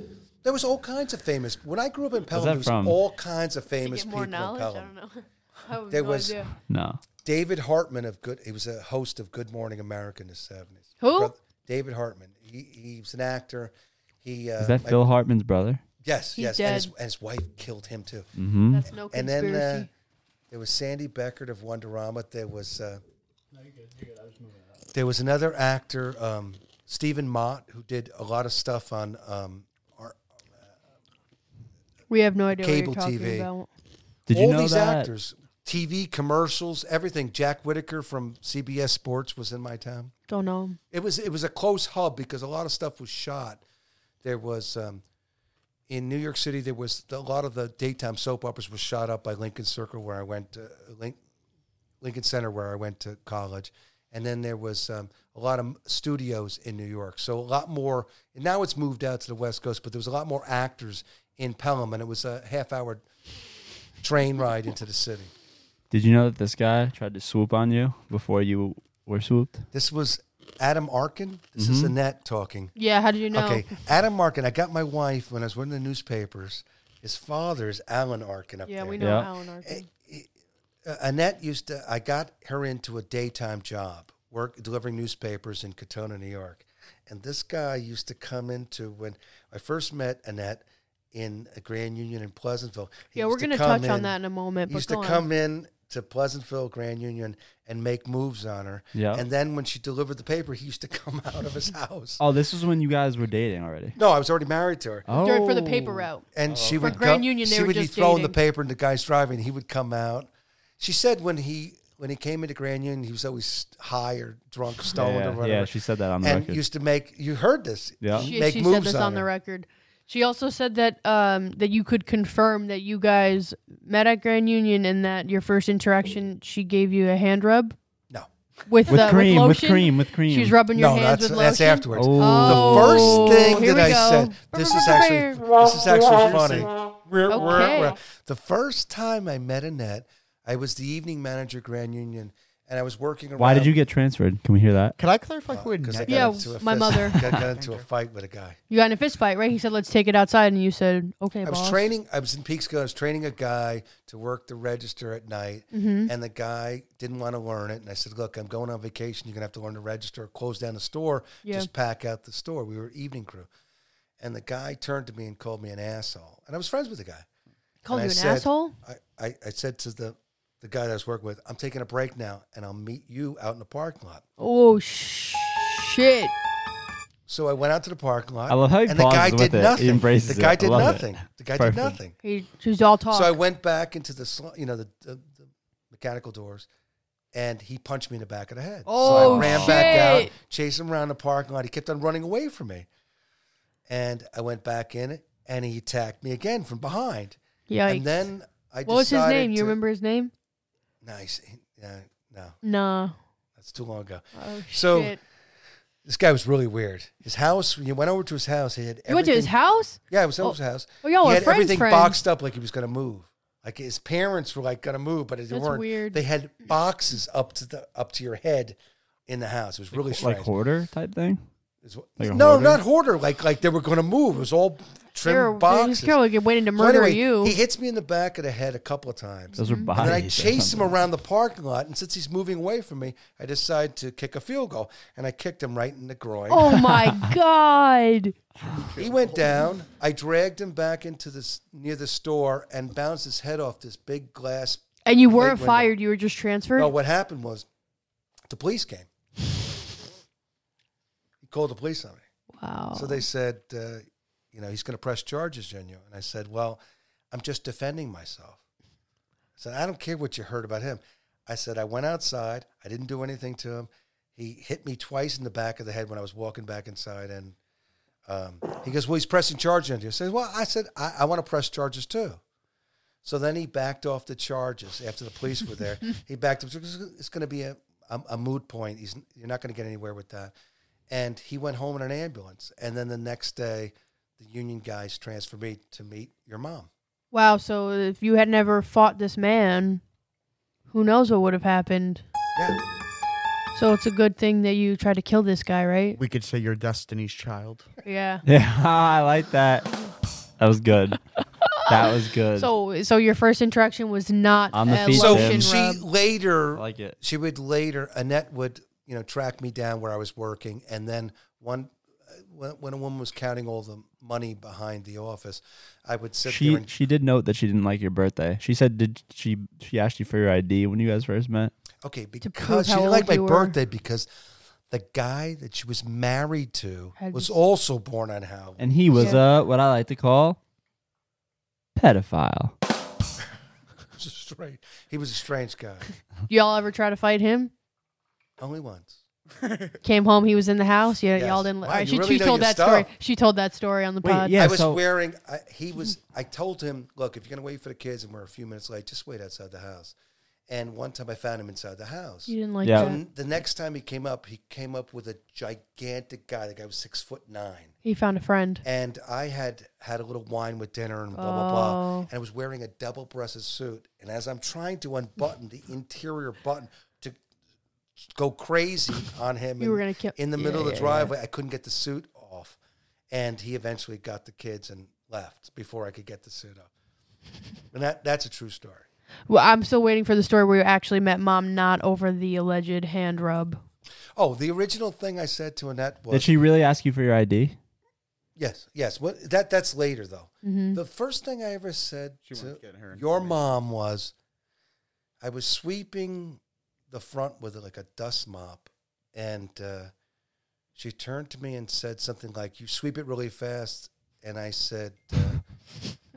[SPEAKER 3] There was all kinds of famous. When I grew up in Pelham,
[SPEAKER 2] that
[SPEAKER 3] there was
[SPEAKER 2] from?
[SPEAKER 3] all kinds of famous
[SPEAKER 1] Get more
[SPEAKER 3] people in
[SPEAKER 1] knowledge. I
[SPEAKER 3] Pelham.
[SPEAKER 1] don't know. I have
[SPEAKER 3] There
[SPEAKER 1] no
[SPEAKER 3] was-
[SPEAKER 1] idea.
[SPEAKER 2] No.
[SPEAKER 3] David Hartman of Good. He was a host of Good Morning America in the seventies.
[SPEAKER 1] Who?
[SPEAKER 3] David Hartman. He he's an actor. He uh,
[SPEAKER 2] Is that
[SPEAKER 3] my-
[SPEAKER 2] Phil Hartman's brother?
[SPEAKER 3] Yes,
[SPEAKER 1] He's
[SPEAKER 3] yes.
[SPEAKER 1] dead.
[SPEAKER 3] And his, and his wife killed him too.
[SPEAKER 2] Mm-hmm.
[SPEAKER 1] That's no
[SPEAKER 3] And
[SPEAKER 1] conspiracy.
[SPEAKER 3] then uh, there was Sandy Beckert of Wonderama. There was. Uh, there was another actor, um, Stephen Mott, who did a lot of stuff on um, our,
[SPEAKER 1] we have no idea
[SPEAKER 3] cable
[SPEAKER 1] what you're talking
[SPEAKER 3] TV.
[SPEAKER 1] about.
[SPEAKER 2] Did you
[SPEAKER 3] all
[SPEAKER 2] know
[SPEAKER 3] these
[SPEAKER 2] that?
[SPEAKER 3] actors, TV commercials, everything. Jack Whitaker from CBS Sports was in my town.
[SPEAKER 1] Don't know him.
[SPEAKER 3] It was it was a close hub because a lot of stuff was shot. There was um, in New York City. There was a lot of the daytime soap operas were shot up by Lincoln Circle, where I went to Link, Lincoln Center, where I went to college, and then there was um, a lot of studios in New York. So a lot more. And now it's moved out to the West Coast, but there was a lot more actors in Pelham, and it was a half hour train ride into the city.
[SPEAKER 2] Did you know that this guy tried to swoop on you before you were swooped?
[SPEAKER 3] This was Adam Arkin. This is Annette talking.
[SPEAKER 1] Yeah, how did you know?
[SPEAKER 3] Okay, Adam Arkin. I got my wife when I was running the newspapers. His father is Alan Arkin up
[SPEAKER 1] Yeah,
[SPEAKER 3] there.
[SPEAKER 1] we know
[SPEAKER 2] Yeah.
[SPEAKER 1] Alan Arkin.
[SPEAKER 3] Uh, Annette used to. I got her into a daytime job, work delivering newspapers in Katona, New York, And this guy used to come into when I first met Annette in Grand Union in Pleasantville. He
[SPEAKER 1] yeah, we're
[SPEAKER 3] used
[SPEAKER 1] gonna
[SPEAKER 3] come
[SPEAKER 1] touch on
[SPEAKER 3] in-
[SPEAKER 1] that in a moment.
[SPEAKER 3] He
[SPEAKER 1] But
[SPEAKER 3] used to
[SPEAKER 1] go on.
[SPEAKER 3] come in to Pleasantville, Grand Union, and make moves on her.
[SPEAKER 2] Yeah.
[SPEAKER 3] And then when she delivered the paper, he used to come out of his house.
[SPEAKER 2] Oh, this is when you guys were dating already.
[SPEAKER 3] No, I was already married to her.
[SPEAKER 2] Oh,
[SPEAKER 1] During- for the paper route.
[SPEAKER 3] And she
[SPEAKER 1] For
[SPEAKER 3] would
[SPEAKER 1] Grand
[SPEAKER 3] go-
[SPEAKER 1] Union, they
[SPEAKER 3] she
[SPEAKER 1] were
[SPEAKER 3] would be
[SPEAKER 1] just
[SPEAKER 3] throwing the
[SPEAKER 1] dating.
[SPEAKER 3] paper, and the guy's driving. He would come out. She said when he when he came into Grand Union, he was always high or drunk, stoned or
[SPEAKER 2] Yeah,
[SPEAKER 3] whatever.
[SPEAKER 2] yeah, she said that on the
[SPEAKER 3] and
[SPEAKER 2] record.
[SPEAKER 3] used to make you heard this.
[SPEAKER 2] Yeah.
[SPEAKER 1] She,
[SPEAKER 3] make
[SPEAKER 1] she
[SPEAKER 3] moves
[SPEAKER 1] said this on, the
[SPEAKER 3] her.
[SPEAKER 1] record. She also said that um, that you could confirm that you guys met at Grand Union and that your first interaction, she gave you a hand rub
[SPEAKER 3] No,
[SPEAKER 1] with
[SPEAKER 2] with
[SPEAKER 1] uh,
[SPEAKER 2] cream, with,
[SPEAKER 1] lotion.
[SPEAKER 2] cream, with cream.
[SPEAKER 1] She's rubbing your
[SPEAKER 3] no,
[SPEAKER 1] hands
[SPEAKER 3] that's
[SPEAKER 1] with
[SPEAKER 3] that's
[SPEAKER 1] lotion.
[SPEAKER 3] afterwards.
[SPEAKER 1] Oh,
[SPEAKER 3] the first thing
[SPEAKER 1] here
[SPEAKER 3] that I
[SPEAKER 1] we go.
[SPEAKER 3] said, this is actually this is actually funny.
[SPEAKER 1] Okay.
[SPEAKER 3] The first time I met Annette, I was the evening manager at Grand Union, and I was working. Around
[SPEAKER 2] Why did you get transferred? Can we hear that?
[SPEAKER 4] Can I clarify who had
[SPEAKER 3] 'cause I
[SPEAKER 4] neck-
[SPEAKER 3] got
[SPEAKER 1] Yeah,
[SPEAKER 3] into a
[SPEAKER 1] my
[SPEAKER 3] fist-
[SPEAKER 1] mother.
[SPEAKER 3] got, got into a fight with a guy.
[SPEAKER 1] You got in a fist fight, right? He said, "Let's take it outside," and you said, "Okay,
[SPEAKER 3] I
[SPEAKER 1] boss."
[SPEAKER 3] was training. I was in Peekskill. I was training a guy to work the register at night,
[SPEAKER 1] Mm-hmm.
[SPEAKER 3] and the guy didn't want to learn it. And I said, "Look, I'm going on vacation. You're gonna have to learn to register. Close down the store.
[SPEAKER 1] Yeah.
[SPEAKER 3] Just pack out the store." We were evening crew, and the guy turned to me and called me an asshole. And I was friends with the guy.
[SPEAKER 1] Called
[SPEAKER 3] And
[SPEAKER 1] you
[SPEAKER 3] I
[SPEAKER 1] an
[SPEAKER 3] said-
[SPEAKER 1] asshole.
[SPEAKER 3] I, I, I said to the the guy that I was working with, "I'm taking a break now, and I'll meet you out in the parking lot."
[SPEAKER 1] Oh sh- shit!
[SPEAKER 3] So I went out to the parking lot.
[SPEAKER 2] I love how he
[SPEAKER 3] and the guy
[SPEAKER 2] pauses
[SPEAKER 3] did
[SPEAKER 2] with it. He
[SPEAKER 3] nothing.
[SPEAKER 2] embraces
[SPEAKER 3] the guy
[SPEAKER 2] it. I
[SPEAKER 3] did
[SPEAKER 2] love it.
[SPEAKER 3] nothing. The guy
[SPEAKER 2] Perfect.
[SPEAKER 3] did nothing.
[SPEAKER 1] He, he's all talk.
[SPEAKER 3] So I went back into the, sl- you know, the, the, the mechanical doors, and he punched me in the back of the head. so
[SPEAKER 1] Oh,
[SPEAKER 3] I ran back out,
[SPEAKER 1] shit.
[SPEAKER 3] chased him around the parking lot. He kept on running away from me, and I went back in, and he attacked me again from behind.
[SPEAKER 1] Yikes.
[SPEAKER 3] And then I
[SPEAKER 1] what was his
[SPEAKER 3] decided
[SPEAKER 1] name? You
[SPEAKER 3] to-
[SPEAKER 1] remember his name?
[SPEAKER 3] Nice. Yeah, no,
[SPEAKER 1] Nah.
[SPEAKER 3] that's too long ago.
[SPEAKER 1] Oh
[SPEAKER 3] So,
[SPEAKER 1] shit!
[SPEAKER 3] This guy was really weird. His house. When you went over to his house, he had everything.
[SPEAKER 1] You went to his house?
[SPEAKER 3] Yeah, it was over his house.
[SPEAKER 1] Oh, y'all
[SPEAKER 3] he
[SPEAKER 1] were
[SPEAKER 3] had
[SPEAKER 1] friends,
[SPEAKER 3] everything
[SPEAKER 1] friends.
[SPEAKER 3] boxed up like he was going to move. Like his parents were like going to move, but they
[SPEAKER 1] That's
[SPEAKER 3] weren't.
[SPEAKER 1] weird.
[SPEAKER 3] They had boxes up to the up to your head in the house. It was really
[SPEAKER 2] Like
[SPEAKER 3] strange.
[SPEAKER 2] hoarder type thing.
[SPEAKER 3] It's wha-
[SPEAKER 2] like a
[SPEAKER 3] no,
[SPEAKER 2] hoarder?
[SPEAKER 3] not hoarder. Like like they were going to move. It was all trimmed
[SPEAKER 1] They're-
[SPEAKER 3] boxes.
[SPEAKER 1] He's probably waiting to
[SPEAKER 3] So
[SPEAKER 1] murder
[SPEAKER 3] anyway,
[SPEAKER 1] you.
[SPEAKER 3] He hits me in the back of the head a couple of times.
[SPEAKER 2] Those were
[SPEAKER 1] Mm-hmm.
[SPEAKER 3] And
[SPEAKER 2] bodies.
[SPEAKER 3] then I
[SPEAKER 2] or
[SPEAKER 3] chase him
[SPEAKER 2] something.
[SPEAKER 3] around the parking lot, and since he's moving away from me, I decide to kick a field goal, and I kicked him right in the groin.
[SPEAKER 1] oh my god!
[SPEAKER 3] He went down. I dragged him back into this near the store and bounced his head off this big glass.
[SPEAKER 1] And you
[SPEAKER 3] Wait,
[SPEAKER 1] weren't
[SPEAKER 3] Linda.
[SPEAKER 1] fired; you were just transferred.
[SPEAKER 3] No, what happened was the police came. He called the police on me.
[SPEAKER 1] wow.
[SPEAKER 3] So they said, uh, you know, he's going to press charges on you. And I said, well, I'm just defending myself. I said, I don't care what you heard about him. I said, I went outside. I didn't do anything to him. He hit me twice in the back of the head when I was walking back inside. And um, he goes, well, he's pressing charges on you. I said, well, I said, I, I want to press charges too. So then he backed off the charges after the police were there. he backed up. It's going to be a, a, a moot point. He's, you're not going to get anywhere with that. And he went home in an ambulance. And then the next day, the union guys transferred me to meet your mom.
[SPEAKER 1] wow. So if you had never fought this man, who knows what would have happened?
[SPEAKER 3] Yeah.
[SPEAKER 1] So it's a good thing that you tried to kill this guy, right?
[SPEAKER 4] We could say you're Destiny's Child.
[SPEAKER 1] Yeah.
[SPEAKER 2] Yeah, I like that. That was good. that was good.
[SPEAKER 1] So so your first interaction was not
[SPEAKER 2] On the
[SPEAKER 1] a
[SPEAKER 2] feet,
[SPEAKER 3] So
[SPEAKER 1] lotion
[SPEAKER 2] Tim.
[SPEAKER 3] she
[SPEAKER 1] rub.
[SPEAKER 2] I
[SPEAKER 3] later,
[SPEAKER 2] like it.
[SPEAKER 3] she would later, Annette would, you know, track me down where I was working. And then one, uh, when, when a woman was counting all the money behind the office, I would sit there
[SPEAKER 2] She
[SPEAKER 3] and
[SPEAKER 2] she did note that she didn't like your birthday. She said did she she asked you for your ID when you guys first met.
[SPEAKER 3] Okay,
[SPEAKER 1] prove
[SPEAKER 3] because she
[SPEAKER 1] how
[SPEAKER 3] didn't like
[SPEAKER 1] old
[SPEAKER 3] my
[SPEAKER 1] you were?
[SPEAKER 3] birthday because the guy that she was married to
[SPEAKER 1] Had-
[SPEAKER 3] was also born on Halloween.
[SPEAKER 2] And he was
[SPEAKER 1] Yeah.
[SPEAKER 2] uh what I like to call pedophile.
[SPEAKER 3] He was a stra- He was a strange guy.
[SPEAKER 1] y'all ever try to fight him?
[SPEAKER 3] Only once.
[SPEAKER 1] Came home, he was in the house. Yeah,
[SPEAKER 3] Yes.
[SPEAKER 1] y'all didn't.
[SPEAKER 3] Wow,
[SPEAKER 1] all right,
[SPEAKER 3] you
[SPEAKER 1] she,
[SPEAKER 3] really
[SPEAKER 1] she
[SPEAKER 3] know
[SPEAKER 1] told
[SPEAKER 3] your
[SPEAKER 1] that
[SPEAKER 3] stuff.
[SPEAKER 1] story. She told that story on the
[SPEAKER 2] Wait,
[SPEAKER 1] pod.
[SPEAKER 2] yeah,
[SPEAKER 3] I was
[SPEAKER 2] so
[SPEAKER 3] wearing. I, he was. I told him, look, if you're gonna wait for the kids and we're a few minutes late, just wait outside the house. And one time I found him inside the house.
[SPEAKER 1] You didn't like
[SPEAKER 2] Yeah.
[SPEAKER 1] that.
[SPEAKER 3] And the next time he came up, he came up with a gigantic guy. The guy was six foot nine.
[SPEAKER 1] He found a friend.
[SPEAKER 3] and I had had a little wine with dinner and blah blah blah,
[SPEAKER 1] Oh.
[SPEAKER 3] and I was wearing a double-breasted suit. And as I'm trying to unbutton the interior button to go crazy on him,
[SPEAKER 1] You
[SPEAKER 3] in-
[SPEAKER 1] were gonna kill-
[SPEAKER 3] in the
[SPEAKER 1] yeah,
[SPEAKER 3] middle of
[SPEAKER 1] yeah,
[SPEAKER 3] the
[SPEAKER 1] yeah.
[SPEAKER 3] driveway. I couldn't get the suit off, and he eventually got the kids and left before I could get the suit up. And that that's a true story.
[SPEAKER 1] Well, I'm still waiting for the story where you actually met mom, not over the alleged hand rub.
[SPEAKER 3] Oh, the original thing I said to Annette was
[SPEAKER 2] Did she really ask you for your ID?
[SPEAKER 3] yes, yes. What that that's later though.
[SPEAKER 1] Mm-hmm.
[SPEAKER 3] The first thing I ever said
[SPEAKER 4] She
[SPEAKER 3] to
[SPEAKER 4] wants to get her
[SPEAKER 3] your
[SPEAKER 4] information.
[SPEAKER 3] mom was, I was sweeping the front with like a dust mop, and uh, she turned to me and said something like, "You sweep it really fast," and I said. Uh,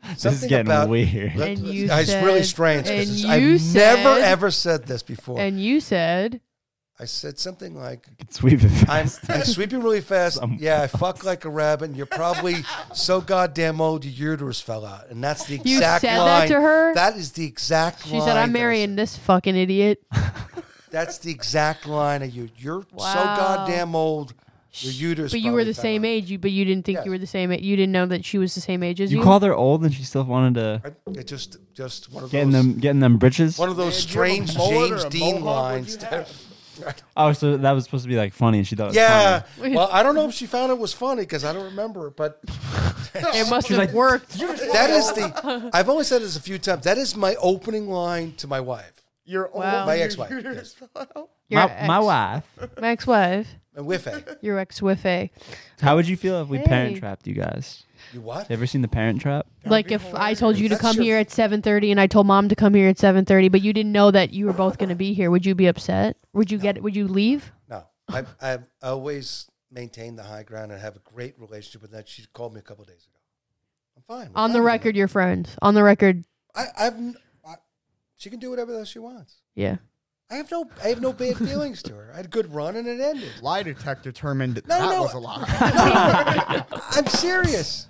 [SPEAKER 2] This is
[SPEAKER 3] Something
[SPEAKER 2] getting
[SPEAKER 3] about-
[SPEAKER 2] weird.
[SPEAKER 1] And you
[SPEAKER 3] I- it's really
[SPEAKER 1] said-
[SPEAKER 3] strange because
[SPEAKER 1] and you
[SPEAKER 3] I've never
[SPEAKER 1] said-
[SPEAKER 3] ever said this before.
[SPEAKER 1] And you said,
[SPEAKER 3] I said something like,
[SPEAKER 2] Sweep it
[SPEAKER 3] I'm,
[SPEAKER 2] fast.
[SPEAKER 3] I'm sweeping really fast.
[SPEAKER 2] Some-
[SPEAKER 3] yeah, I fuck like a rabbit. And you're probably so goddamn old your uterus fell out. And that's the
[SPEAKER 1] You
[SPEAKER 3] exact
[SPEAKER 1] said that
[SPEAKER 3] line.
[SPEAKER 1] to her?
[SPEAKER 3] That is the exact
[SPEAKER 1] she
[SPEAKER 3] line.
[SPEAKER 1] said,
[SPEAKER 3] that I
[SPEAKER 1] I'm marrying this fucking idiot.
[SPEAKER 3] That's the exact line of you. You're so
[SPEAKER 1] Wow.
[SPEAKER 3] goddamn old. Your uterus.
[SPEAKER 1] But you were
[SPEAKER 3] probably
[SPEAKER 1] the
[SPEAKER 3] fell
[SPEAKER 1] same
[SPEAKER 3] out.
[SPEAKER 1] age, you, but you didn't think
[SPEAKER 3] Yes.
[SPEAKER 1] you were the same age. You didn't know that she was the same age as you.
[SPEAKER 2] You called her old and she still wanted to
[SPEAKER 3] I- It just, just one of
[SPEAKER 2] getting
[SPEAKER 3] those,
[SPEAKER 2] them getting them britches.
[SPEAKER 3] one of those
[SPEAKER 4] do you have a
[SPEAKER 3] strange
[SPEAKER 4] mullet or
[SPEAKER 3] James
[SPEAKER 4] a
[SPEAKER 3] Dean
[SPEAKER 4] mohawk? What'd
[SPEAKER 3] lines.
[SPEAKER 4] you
[SPEAKER 3] that-
[SPEAKER 4] have?
[SPEAKER 2] Oh, so that was supposed to be like funny and she thought it was
[SPEAKER 3] Yeah.
[SPEAKER 2] funny.
[SPEAKER 3] Well, I don't know if she found it was funny because I don't remember it, but
[SPEAKER 1] it must have
[SPEAKER 2] like-
[SPEAKER 1] worked.
[SPEAKER 3] that is the. I've only said this a few times. That is my opening line to my wife.
[SPEAKER 4] You're old.
[SPEAKER 1] Wow.
[SPEAKER 3] My
[SPEAKER 4] your
[SPEAKER 3] ex-wife,
[SPEAKER 4] uterus fell out.
[SPEAKER 1] Your
[SPEAKER 2] My, my
[SPEAKER 1] ex-
[SPEAKER 2] wife.
[SPEAKER 1] My ex wife.
[SPEAKER 3] And with it,
[SPEAKER 1] Your ex wife.
[SPEAKER 2] How would you feel if we parent
[SPEAKER 1] Hey.
[SPEAKER 2] trapped you guys?
[SPEAKER 3] you what?
[SPEAKER 2] You ever seen the parent trap?
[SPEAKER 1] Like if I told you to
[SPEAKER 3] That's
[SPEAKER 1] come
[SPEAKER 3] your-
[SPEAKER 1] here at 7:30 and I told mom to come here at 7:30, but you didn't know that you were both going to be here, would you be upset? Would you get would you leave?
[SPEAKER 3] No, I I always maintain the high ground and have a great relationship with that. She called me a couple days ago. I'm fine. We're
[SPEAKER 1] On the
[SPEAKER 3] fine with
[SPEAKER 1] record, you're friends. On the record,
[SPEAKER 3] it. I, I've. n- I, she can do whatever that she wants.
[SPEAKER 1] yeah.
[SPEAKER 3] I have no. I have no bad feelings to her. I had a good run and it ended.
[SPEAKER 4] Lie detector determined that,
[SPEAKER 3] No,
[SPEAKER 4] that
[SPEAKER 3] no.
[SPEAKER 4] was a lie.
[SPEAKER 3] I'm serious.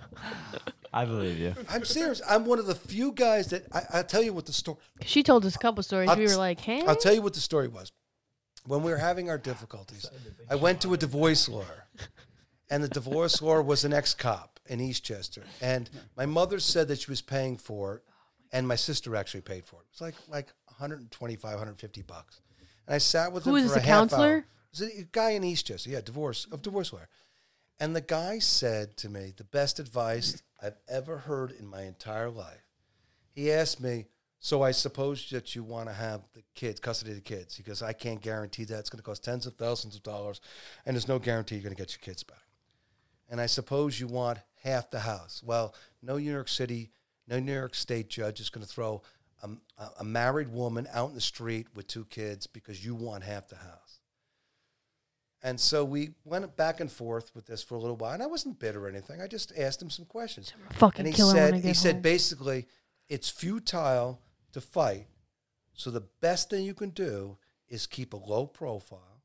[SPEAKER 2] I believe you.
[SPEAKER 3] I'm serious. I'm one of the few guys that I, I'll tell you what the story.
[SPEAKER 1] 'Cause She told us a couple stories.
[SPEAKER 3] I'll
[SPEAKER 1] we
[SPEAKER 3] t-
[SPEAKER 1] were like, "Hey,
[SPEAKER 3] I'll tell you what the story was. When we were having our difficulties, I went to a divorce lawyer, and the divorce lawyer was an ex cop in Eastchester. And my mother said that she was paying for it, and my sister actually paid for it. It was like like 125, 150 bucks. And I sat with
[SPEAKER 1] Who was
[SPEAKER 3] him for
[SPEAKER 1] this,
[SPEAKER 3] a
[SPEAKER 1] a
[SPEAKER 3] half
[SPEAKER 1] counselor?
[SPEAKER 3] hour. It was a guy in Eastchester, yeah, divorce of divorce lawyer. And the guy said to me the best advice I've ever heard in my entire life. He asked me, "So I suppose that you want to have the kids custody of the kids?" He goes, "I can't guarantee that. It's going to cost tens of thousands of dollars, and there's no guarantee you're going to get your kids back." And I suppose you want half the house. Well, no New York City, no New York State judge is going to throw a, a- a married woman out in the street with two kids because you want half the house. And so we went back and forth with this for a little while, and I wasn't bitter or anything. I just asked him some questions
[SPEAKER 1] fucking
[SPEAKER 3] and he
[SPEAKER 1] kill her
[SPEAKER 3] said
[SPEAKER 1] when I
[SPEAKER 3] he
[SPEAKER 1] get
[SPEAKER 3] said
[SPEAKER 1] home.
[SPEAKER 3] basically it's futile to fight so the best thing you can do is keep a low profile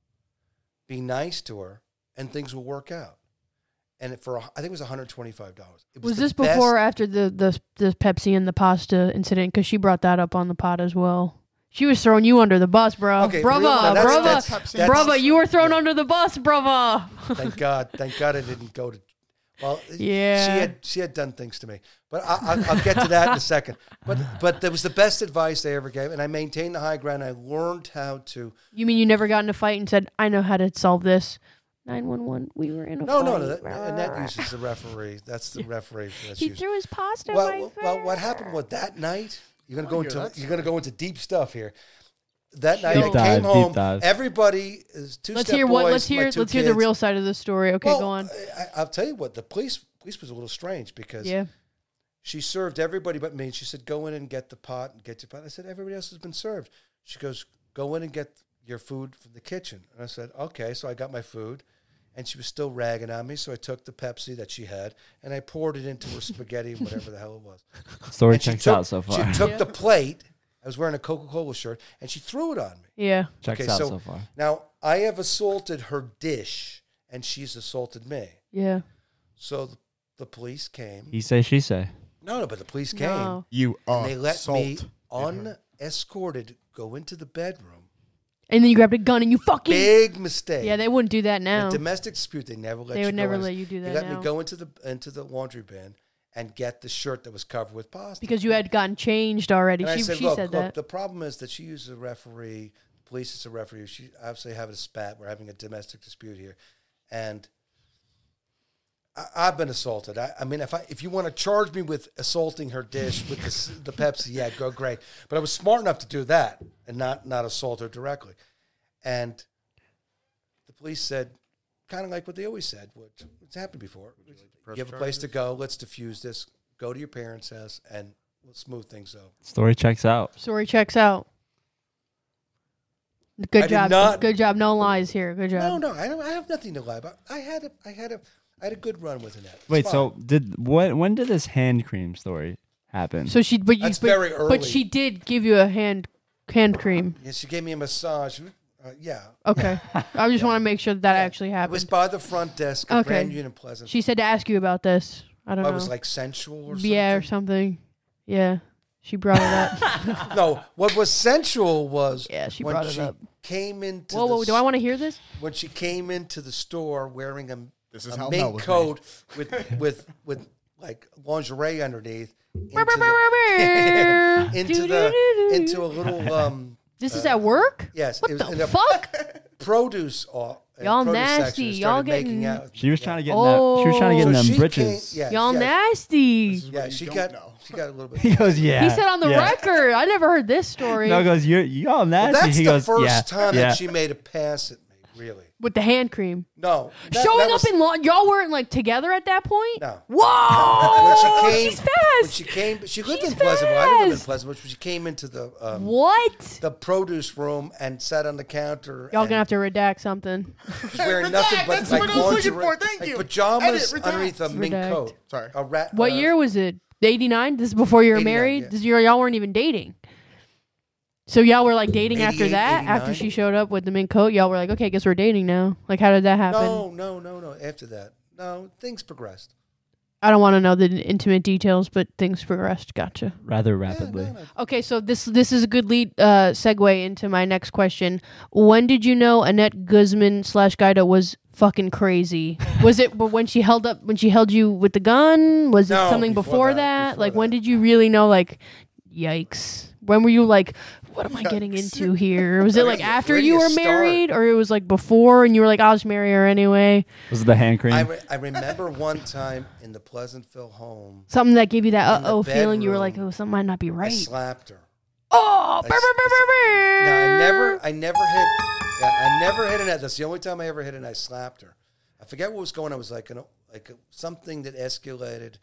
[SPEAKER 3] be nice to her and things will work out and it- for a- i think it was $125 it
[SPEAKER 1] was
[SPEAKER 3] the
[SPEAKER 1] this
[SPEAKER 3] best-
[SPEAKER 1] before or after the, the the Pepsi and the pasta incident? Because she brought that up on the pod as well. She was throwing you under the bus, bro.
[SPEAKER 3] Okay,
[SPEAKER 1] brava,
[SPEAKER 3] real- that's-
[SPEAKER 1] brava,
[SPEAKER 3] that's- that's-
[SPEAKER 1] brava. You were thrown under the bus, brava.
[SPEAKER 3] thank god thank god i didn't go to well
[SPEAKER 1] Yeah.
[SPEAKER 3] she had she had done things to me but I, I, i'll get to that in a second but but that was the best advice they ever gave and i maintained the high ground i learned how to
[SPEAKER 1] You mean you never got in a fight and said, "I know how to solve this"? Nine one one. We were in a
[SPEAKER 3] no
[SPEAKER 1] fight.
[SPEAKER 3] no no that, annette uses the referee that's the referee that's
[SPEAKER 1] He
[SPEAKER 3] used.
[SPEAKER 1] threw his pasta.
[SPEAKER 3] well,
[SPEAKER 1] right
[SPEAKER 3] well, well, what happened was that night you're
[SPEAKER 2] Oh,
[SPEAKER 3] gonna go into
[SPEAKER 4] that's-
[SPEAKER 3] you're gonna go into deep stuff here. That night
[SPEAKER 2] Deep
[SPEAKER 3] I
[SPEAKER 2] dive,
[SPEAKER 3] came
[SPEAKER 2] deep
[SPEAKER 3] home.
[SPEAKER 2] dive.
[SPEAKER 3] Everybody is two
[SPEAKER 1] Let's
[SPEAKER 3] step
[SPEAKER 1] hear
[SPEAKER 3] boys,
[SPEAKER 1] what. Let's
[SPEAKER 3] my
[SPEAKER 1] hear. Let's
[SPEAKER 3] two
[SPEAKER 1] hear the
[SPEAKER 3] kids.
[SPEAKER 1] real side of the story. Okay,
[SPEAKER 3] Well, uh,
[SPEAKER 1] go on.
[SPEAKER 3] I, I'll tell you what the police police was a little strange because
[SPEAKER 1] Yeah.
[SPEAKER 3] she served everybody but me. And she said, "Go in and get the pot and get your pot." I said, "Everybody else has been served." She goes, "Go in and get your food from the kitchen." And I said, "Okay." So I got my food, and she was still ragging on me. So I took the Pepsi that she had and I poured it into her spaghetti and whatever the hell it was.
[SPEAKER 2] Story
[SPEAKER 3] And she
[SPEAKER 2] checks
[SPEAKER 3] took-
[SPEAKER 2] out so far.
[SPEAKER 3] She took the plate. I was wearing a Coca Cola shirt, and she threw it on me.
[SPEAKER 1] Yeah.
[SPEAKER 2] checks
[SPEAKER 3] okay,
[SPEAKER 2] out
[SPEAKER 3] so-
[SPEAKER 2] so, far.
[SPEAKER 3] Now I have assaulted her dish, and she's assaulted me.
[SPEAKER 1] Yeah.
[SPEAKER 3] So the, the police came.
[SPEAKER 2] He say, she say.
[SPEAKER 3] No, no, but the police came.
[SPEAKER 1] No.
[SPEAKER 4] You
[SPEAKER 3] And they let me
[SPEAKER 4] assault.
[SPEAKER 3] unescorted go into the bedroom.
[SPEAKER 1] And then you grabbed a gun and you fucking.
[SPEAKER 3] Big mistake.
[SPEAKER 1] Yeah, they wouldn't do that
[SPEAKER 3] In a
[SPEAKER 1] now.
[SPEAKER 3] domestic dispute. They never let
[SPEAKER 1] They
[SPEAKER 3] you
[SPEAKER 1] would
[SPEAKER 3] go
[SPEAKER 1] never
[SPEAKER 3] in.
[SPEAKER 1] let you do
[SPEAKER 3] They
[SPEAKER 1] that
[SPEAKER 3] let
[SPEAKER 1] now.
[SPEAKER 3] me go into the into the laundry bin and get the shirt that was covered with pasta.
[SPEAKER 1] because you had gotten changed already.
[SPEAKER 3] And
[SPEAKER 1] she
[SPEAKER 3] I said,
[SPEAKER 1] she
[SPEAKER 3] look,
[SPEAKER 1] said
[SPEAKER 3] look,
[SPEAKER 1] that.
[SPEAKER 3] the problem is that she uses a referee, police is a referee. She obviously having a spat. We're having a domestic dispute here. And I, I've been assaulted. I, I mean, if I if you want to charge me with assaulting her dish with the, s- the Pepsi, yeah, go great. But I was smart enough to do that and not not assault her directly. And police said, kind of like what they always said, what it's happened before.
[SPEAKER 4] press
[SPEAKER 3] you have a place to go. Let's diffuse this. Go to your parents' house and we'll smooth things over.
[SPEAKER 2] Story checks out.
[SPEAKER 1] Story checks out. Good
[SPEAKER 3] I did
[SPEAKER 1] job.
[SPEAKER 3] not-
[SPEAKER 1] Good job. No lies here. Good job.
[SPEAKER 3] No, no, I don't. I have nothing to lie about. I had a, I had a, I had a good run with Annette. It's
[SPEAKER 2] Wait,
[SPEAKER 3] fine.
[SPEAKER 2] so did what? When did this hand cream story happen?
[SPEAKER 1] So she, but you,
[SPEAKER 3] That's
[SPEAKER 1] but,
[SPEAKER 3] very early.
[SPEAKER 1] but she did give you a hand hand cream.
[SPEAKER 3] yeah, she gave me a massage. Uh, yeah,
[SPEAKER 1] Okay, I just want to make sure that, that actually
[SPEAKER 3] it was
[SPEAKER 1] happened.
[SPEAKER 3] by the front desk at
[SPEAKER 1] Okay.
[SPEAKER 3] Grand Union Pleasant.
[SPEAKER 1] She said to ask you about this. I don't
[SPEAKER 3] I
[SPEAKER 1] know.
[SPEAKER 3] was like sensual or something.
[SPEAKER 1] yeah, or something. Yeah, she brought it up.
[SPEAKER 3] No, what was sensual was
[SPEAKER 1] Yeah, she
[SPEAKER 3] when
[SPEAKER 1] brought it
[SPEAKER 3] she
[SPEAKER 1] up.
[SPEAKER 3] came into
[SPEAKER 1] whoa,
[SPEAKER 3] the
[SPEAKER 1] whoa! Do I want to hear this?
[SPEAKER 3] when she came into the store wearing a,
[SPEAKER 4] This is
[SPEAKER 3] a
[SPEAKER 4] how Mel
[SPEAKER 3] mink
[SPEAKER 4] was
[SPEAKER 3] coat with with with like lingerie underneath into the, into, the,
[SPEAKER 1] Do-do-do-do-do.
[SPEAKER 3] into a little um
[SPEAKER 1] This is at work.
[SPEAKER 3] yes
[SPEAKER 1] What
[SPEAKER 3] it was in
[SPEAKER 1] the
[SPEAKER 3] the
[SPEAKER 1] fuck?
[SPEAKER 3] produce all
[SPEAKER 1] Y'all
[SPEAKER 3] produce section
[SPEAKER 1] nasty.
[SPEAKER 3] and
[SPEAKER 1] Y'all
[SPEAKER 3] started making
[SPEAKER 1] getting-
[SPEAKER 3] out with
[SPEAKER 2] she
[SPEAKER 3] me,
[SPEAKER 2] was
[SPEAKER 3] yeah.
[SPEAKER 2] trying to get in that, she was trying to get in
[SPEAKER 1] Oh.
[SPEAKER 2] them
[SPEAKER 3] she
[SPEAKER 2] britches.
[SPEAKER 3] came- yeah,
[SPEAKER 1] Y'all
[SPEAKER 3] yeah,
[SPEAKER 1] nasty.
[SPEAKER 4] This is what
[SPEAKER 3] yeah
[SPEAKER 4] you
[SPEAKER 3] she
[SPEAKER 4] don't
[SPEAKER 3] got
[SPEAKER 4] know.
[SPEAKER 3] she got a little bit
[SPEAKER 2] He goes, yeah.
[SPEAKER 1] He said on the
[SPEAKER 2] yeah.
[SPEAKER 1] record. I never heard this story
[SPEAKER 2] No, he goes, you're y'all nasty.
[SPEAKER 3] Well, that's
[SPEAKER 2] he
[SPEAKER 3] the
[SPEAKER 2] goes,
[SPEAKER 3] first
[SPEAKER 2] yeah,
[SPEAKER 3] time
[SPEAKER 2] yeah.
[SPEAKER 3] that she made a pass at me really
[SPEAKER 1] with the hand cream.
[SPEAKER 3] no that-
[SPEAKER 1] Showing
[SPEAKER 3] that
[SPEAKER 1] up
[SPEAKER 3] was-
[SPEAKER 1] in law, y'all weren't like together at that point.
[SPEAKER 3] No. when
[SPEAKER 1] Whoa!
[SPEAKER 3] she came,
[SPEAKER 1] she's
[SPEAKER 3] When
[SPEAKER 1] fast.
[SPEAKER 3] she came, she lived
[SPEAKER 1] She's
[SPEAKER 3] in Pleasantville. I didn't live in
[SPEAKER 1] fast.
[SPEAKER 3] Pleasantville. She came into the um,
[SPEAKER 1] what?
[SPEAKER 3] the produce room and sat on the counter.
[SPEAKER 1] Y'all
[SPEAKER 3] and
[SPEAKER 1] gonna have to redact something.
[SPEAKER 3] was wearing nothing
[SPEAKER 4] Redact,
[SPEAKER 3] but
[SPEAKER 4] that's
[SPEAKER 3] like
[SPEAKER 4] what I was looking
[SPEAKER 3] lingerie-
[SPEAKER 4] for, thank
[SPEAKER 3] like
[SPEAKER 4] you.
[SPEAKER 3] pajamas
[SPEAKER 4] Edit, redact.
[SPEAKER 3] underneath a mink
[SPEAKER 1] Redact.
[SPEAKER 3] coat.
[SPEAKER 4] Sorry.
[SPEAKER 3] A rat,
[SPEAKER 1] What
[SPEAKER 3] uh,
[SPEAKER 1] year was it? Eighty nine. This is before you were
[SPEAKER 3] 89,
[SPEAKER 1] married.
[SPEAKER 3] yeah.
[SPEAKER 1] This year y'all weren't even dating. So y'all were like dating after
[SPEAKER 3] 88,
[SPEAKER 1] that. After
[SPEAKER 3] 89?
[SPEAKER 1] she showed up with the mink coat, y'all were like, okay, guess we're dating now. Like, how did that happen?
[SPEAKER 3] No, no, no, no. After that, no, things progressed.
[SPEAKER 1] I don't want to know the intimate details, but things progressed. Gotcha.
[SPEAKER 2] rather
[SPEAKER 3] Yeah,
[SPEAKER 2] rapidly.
[SPEAKER 3] no, no.
[SPEAKER 1] Okay, so this this is a good lead uh, segue into my next question. When did you know Annette Guzman slash Guida was fucking crazy? Was it when she held up when she held you with the gun? Was
[SPEAKER 3] No,
[SPEAKER 1] it something
[SPEAKER 3] before
[SPEAKER 1] before,
[SPEAKER 3] that,
[SPEAKER 1] that?
[SPEAKER 3] before
[SPEAKER 1] like when
[SPEAKER 3] that.
[SPEAKER 1] did you really know? Like, yikes! When were you like, what am I getting into here? Was it like
[SPEAKER 3] do you-
[SPEAKER 1] after
[SPEAKER 3] where do
[SPEAKER 1] you
[SPEAKER 3] you
[SPEAKER 1] were
[SPEAKER 3] start?
[SPEAKER 1] married, or it was like before, and you were like, I'll just marry her anyway?
[SPEAKER 2] Was it the hand cream?
[SPEAKER 3] I, re- I remember one time in the Pleasantville home,
[SPEAKER 1] Something that gave you that uh
[SPEAKER 3] In the
[SPEAKER 1] oh feeling. You were like,
[SPEAKER 3] bedroom,
[SPEAKER 1] oh, something might not be
[SPEAKER 3] I
[SPEAKER 1] right.
[SPEAKER 3] slapped her.
[SPEAKER 1] Oh,
[SPEAKER 3] I
[SPEAKER 1] brr, brr, brr, brr, brr.
[SPEAKER 3] No, I never, I never hit. Yeah, I never hit a net. That's the only time I ever hit it. and I slapped her. I forget what was going. on. It was like an like something that escalated,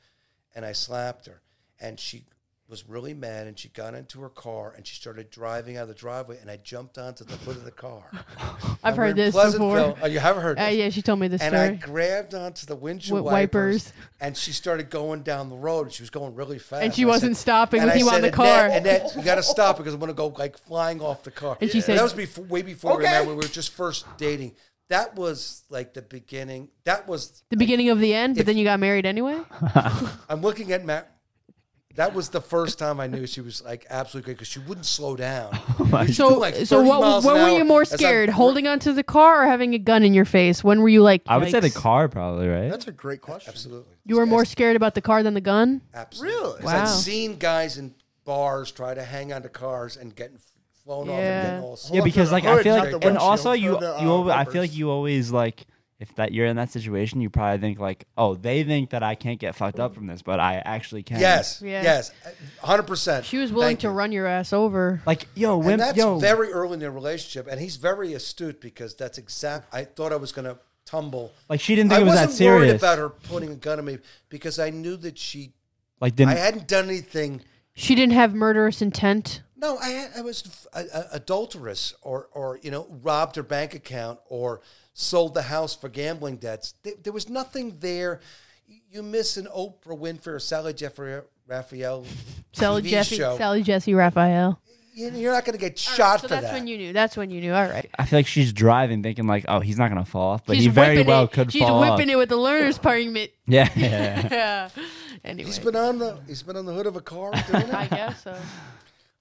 [SPEAKER 3] and I slapped her, and she was really mad, and she got into her car, and she started driving out of the driveway, and I jumped onto the hood of the car.
[SPEAKER 1] I've
[SPEAKER 3] We were
[SPEAKER 1] heard
[SPEAKER 3] in
[SPEAKER 1] this
[SPEAKER 3] Pleasantville.
[SPEAKER 1] before.
[SPEAKER 3] Oh, you haven't heard.
[SPEAKER 1] Uh,
[SPEAKER 3] this.
[SPEAKER 1] yeah, she told me this
[SPEAKER 3] And
[SPEAKER 1] story.
[SPEAKER 3] I grabbed onto the windshield
[SPEAKER 1] Wi-
[SPEAKER 3] wipers,
[SPEAKER 1] wipers.
[SPEAKER 3] and she started going down the road. She was going really fast,
[SPEAKER 1] And she
[SPEAKER 3] I
[SPEAKER 1] wasn't stopping
[SPEAKER 3] and
[SPEAKER 1] with
[SPEAKER 3] I
[SPEAKER 1] you on
[SPEAKER 3] said,
[SPEAKER 1] the car.
[SPEAKER 3] Annette, Annette, you got to stop because I'm going to go like flying off the car.
[SPEAKER 1] And she
[SPEAKER 3] But
[SPEAKER 1] said-
[SPEAKER 3] that was before, way before we were
[SPEAKER 4] Okay.
[SPEAKER 3] married. We were just first dating. That was like the beginning. That was
[SPEAKER 1] the beginning of the end,
[SPEAKER 3] If-
[SPEAKER 1] but then you got married anyway.
[SPEAKER 3] I'm looking at Matt. That was the first time I knew she was like absolutely great because she wouldn't slow down.
[SPEAKER 2] my
[SPEAKER 3] She's
[SPEAKER 1] So,
[SPEAKER 3] doing, like,
[SPEAKER 1] so
[SPEAKER 3] 30
[SPEAKER 1] what?
[SPEAKER 3] miles
[SPEAKER 1] When
[SPEAKER 3] an
[SPEAKER 1] were
[SPEAKER 3] hour
[SPEAKER 1] you more
[SPEAKER 3] as I'm-
[SPEAKER 1] scared, holding onto the car or having a gun in your face? When were you like?
[SPEAKER 2] I would say the
[SPEAKER 1] yikes?
[SPEAKER 2] car probably, right?
[SPEAKER 4] That's a great question.
[SPEAKER 3] Absolutely,
[SPEAKER 1] You were more scared about the car than the gun.
[SPEAKER 3] absolutely.
[SPEAKER 4] Really?
[SPEAKER 3] 'Cause I'd
[SPEAKER 1] Wow.
[SPEAKER 3] seen guys in bars try to hang onto cars and getting flown off and
[SPEAKER 1] Yeah.
[SPEAKER 3] getting all.
[SPEAKER 2] yeah,
[SPEAKER 4] Hold on
[SPEAKER 2] because
[SPEAKER 4] to the
[SPEAKER 2] like I
[SPEAKER 4] hood,
[SPEAKER 2] feel
[SPEAKER 4] not
[SPEAKER 2] like,
[SPEAKER 4] the
[SPEAKER 2] and
[SPEAKER 4] windshield,
[SPEAKER 2] also
[SPEAKER 4] for
[SPEAKER 2] you,
[SPEAKER 4] the, uh,
[SPEAKER 2] you, always, I
[SPEAKER 4] wipers.
[SPEAKER 2] feel like you always like if that you're in that situation, you probably think like, oh, they think that I can't get fucked up from this, but I actually can.
[SPEAKER 3] Yes,
[SPEAKER 1] Yeah.
[SPEAKER 3] yes, hundred percent.
[SPEAKER 1] She was willing to run your ass over.
[SPEAKER 2] Like yo,
[SPEAKER 3] And
[SPEAKER 2] when
[SPEAKER 3] that's
[SPEAKER 2] yo,
[SPEAKER 3] very early in their relationship, and he's very astute because that's exact. I thought I was going to tumble.
[SPEAKER 2] like she didn't think
[SPEAKER 3] I
[SPEAKER 2] it was
[SPEAKER 3] wasn't
[SPEAKER 2] that
[SPEAKER 3] worried
[SPEAKER 2] serious.
[SPEAKER 3] about her putting a gun on me because I knew that she.
[SPEAKER 2] Like didn't
[SPEAKER 3] I hadn't done anything.
[SPEAKER 1] She didn't have murderous intent.
[SPEAKER 3] No, I had, I was uh, uh, adulterous, or or you know, robbed her bank account, or sold the house for gambling debts. There, there was nothing there. You miss an Oprah Winfrey or Sally Jeffrey Raphael
[SPEAKER 1] Sally
[SPEAKER 3] TV
[SPEAKER 1] Jesse,
[SPEAKER 3] show.
[SPEAKER 1] Sally Jesse Raphael.
[SPEAKER 3] You- You're not going to get shot
[SPEAKER 1] so
[SPEAKER 3] for
[SPEAKER 1] that's
[SPEAKER 3] that.
[SPEAKER 1] when you knew. That's when you knew. All right.
[SPEAKER 2] I feel like she's driving, thinking like, oh, he's not gonna fall off, but
[SPEAKER 1] She's
[SPEAKER 2] he very
[SPEAKER 1] whipping
[SPEAKER 2] well
[SPEAKER 1] it.
[SPEAKER 2] could
[SPEAKER 1] She's
[SPEAKER 2] fall off.
[SPEAKER 1] whipping it with the learner's permit.
[SPEAKER 2] Yeah, yeah.
[SPEAKER 1] Yeah. Anyway,
[SPEAKER 3] He's been on the he's been on the hood of a car doing
[SPEAKER 1] I
[SPEAKER 3] it.
[SPEAKER 1] guess so.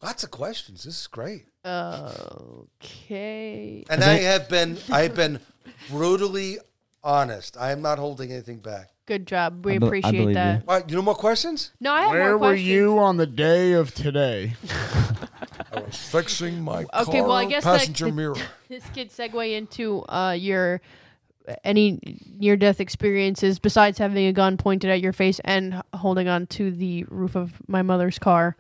[SPEAKER 3] Lots of questions. This is great.
[SPEAKER 1] Okay.
[SPEAKER 3] And I have been I have been brutally honest. I am not holding anything back.
[SPEAKER 1] Good job. We
[SPEAKER 2] I bel- I
[SPEAKER 1] appreciate
[SPEAKER 2] believe
[SPEAKER 1] that.
[SPEAKER 2] you.
[SPEAKER 3] All right, you know more questions?
[SPEAKER 1] No, I have
[SPEAKER 4] Where
[SPEAKER 1] more
[SPEAKER 4] were
[SPEAKER 1] questions.
[SPEAKER 4] you on the day of today?
[SPEAKER 3] Fixing my
[SPEAKER 1] Okay, well, I guess, like, passenger the- mirror. This could segue into uh, your any near death experiences besides having a gun pointed at your face and h- holding on to the roof of my mother's car.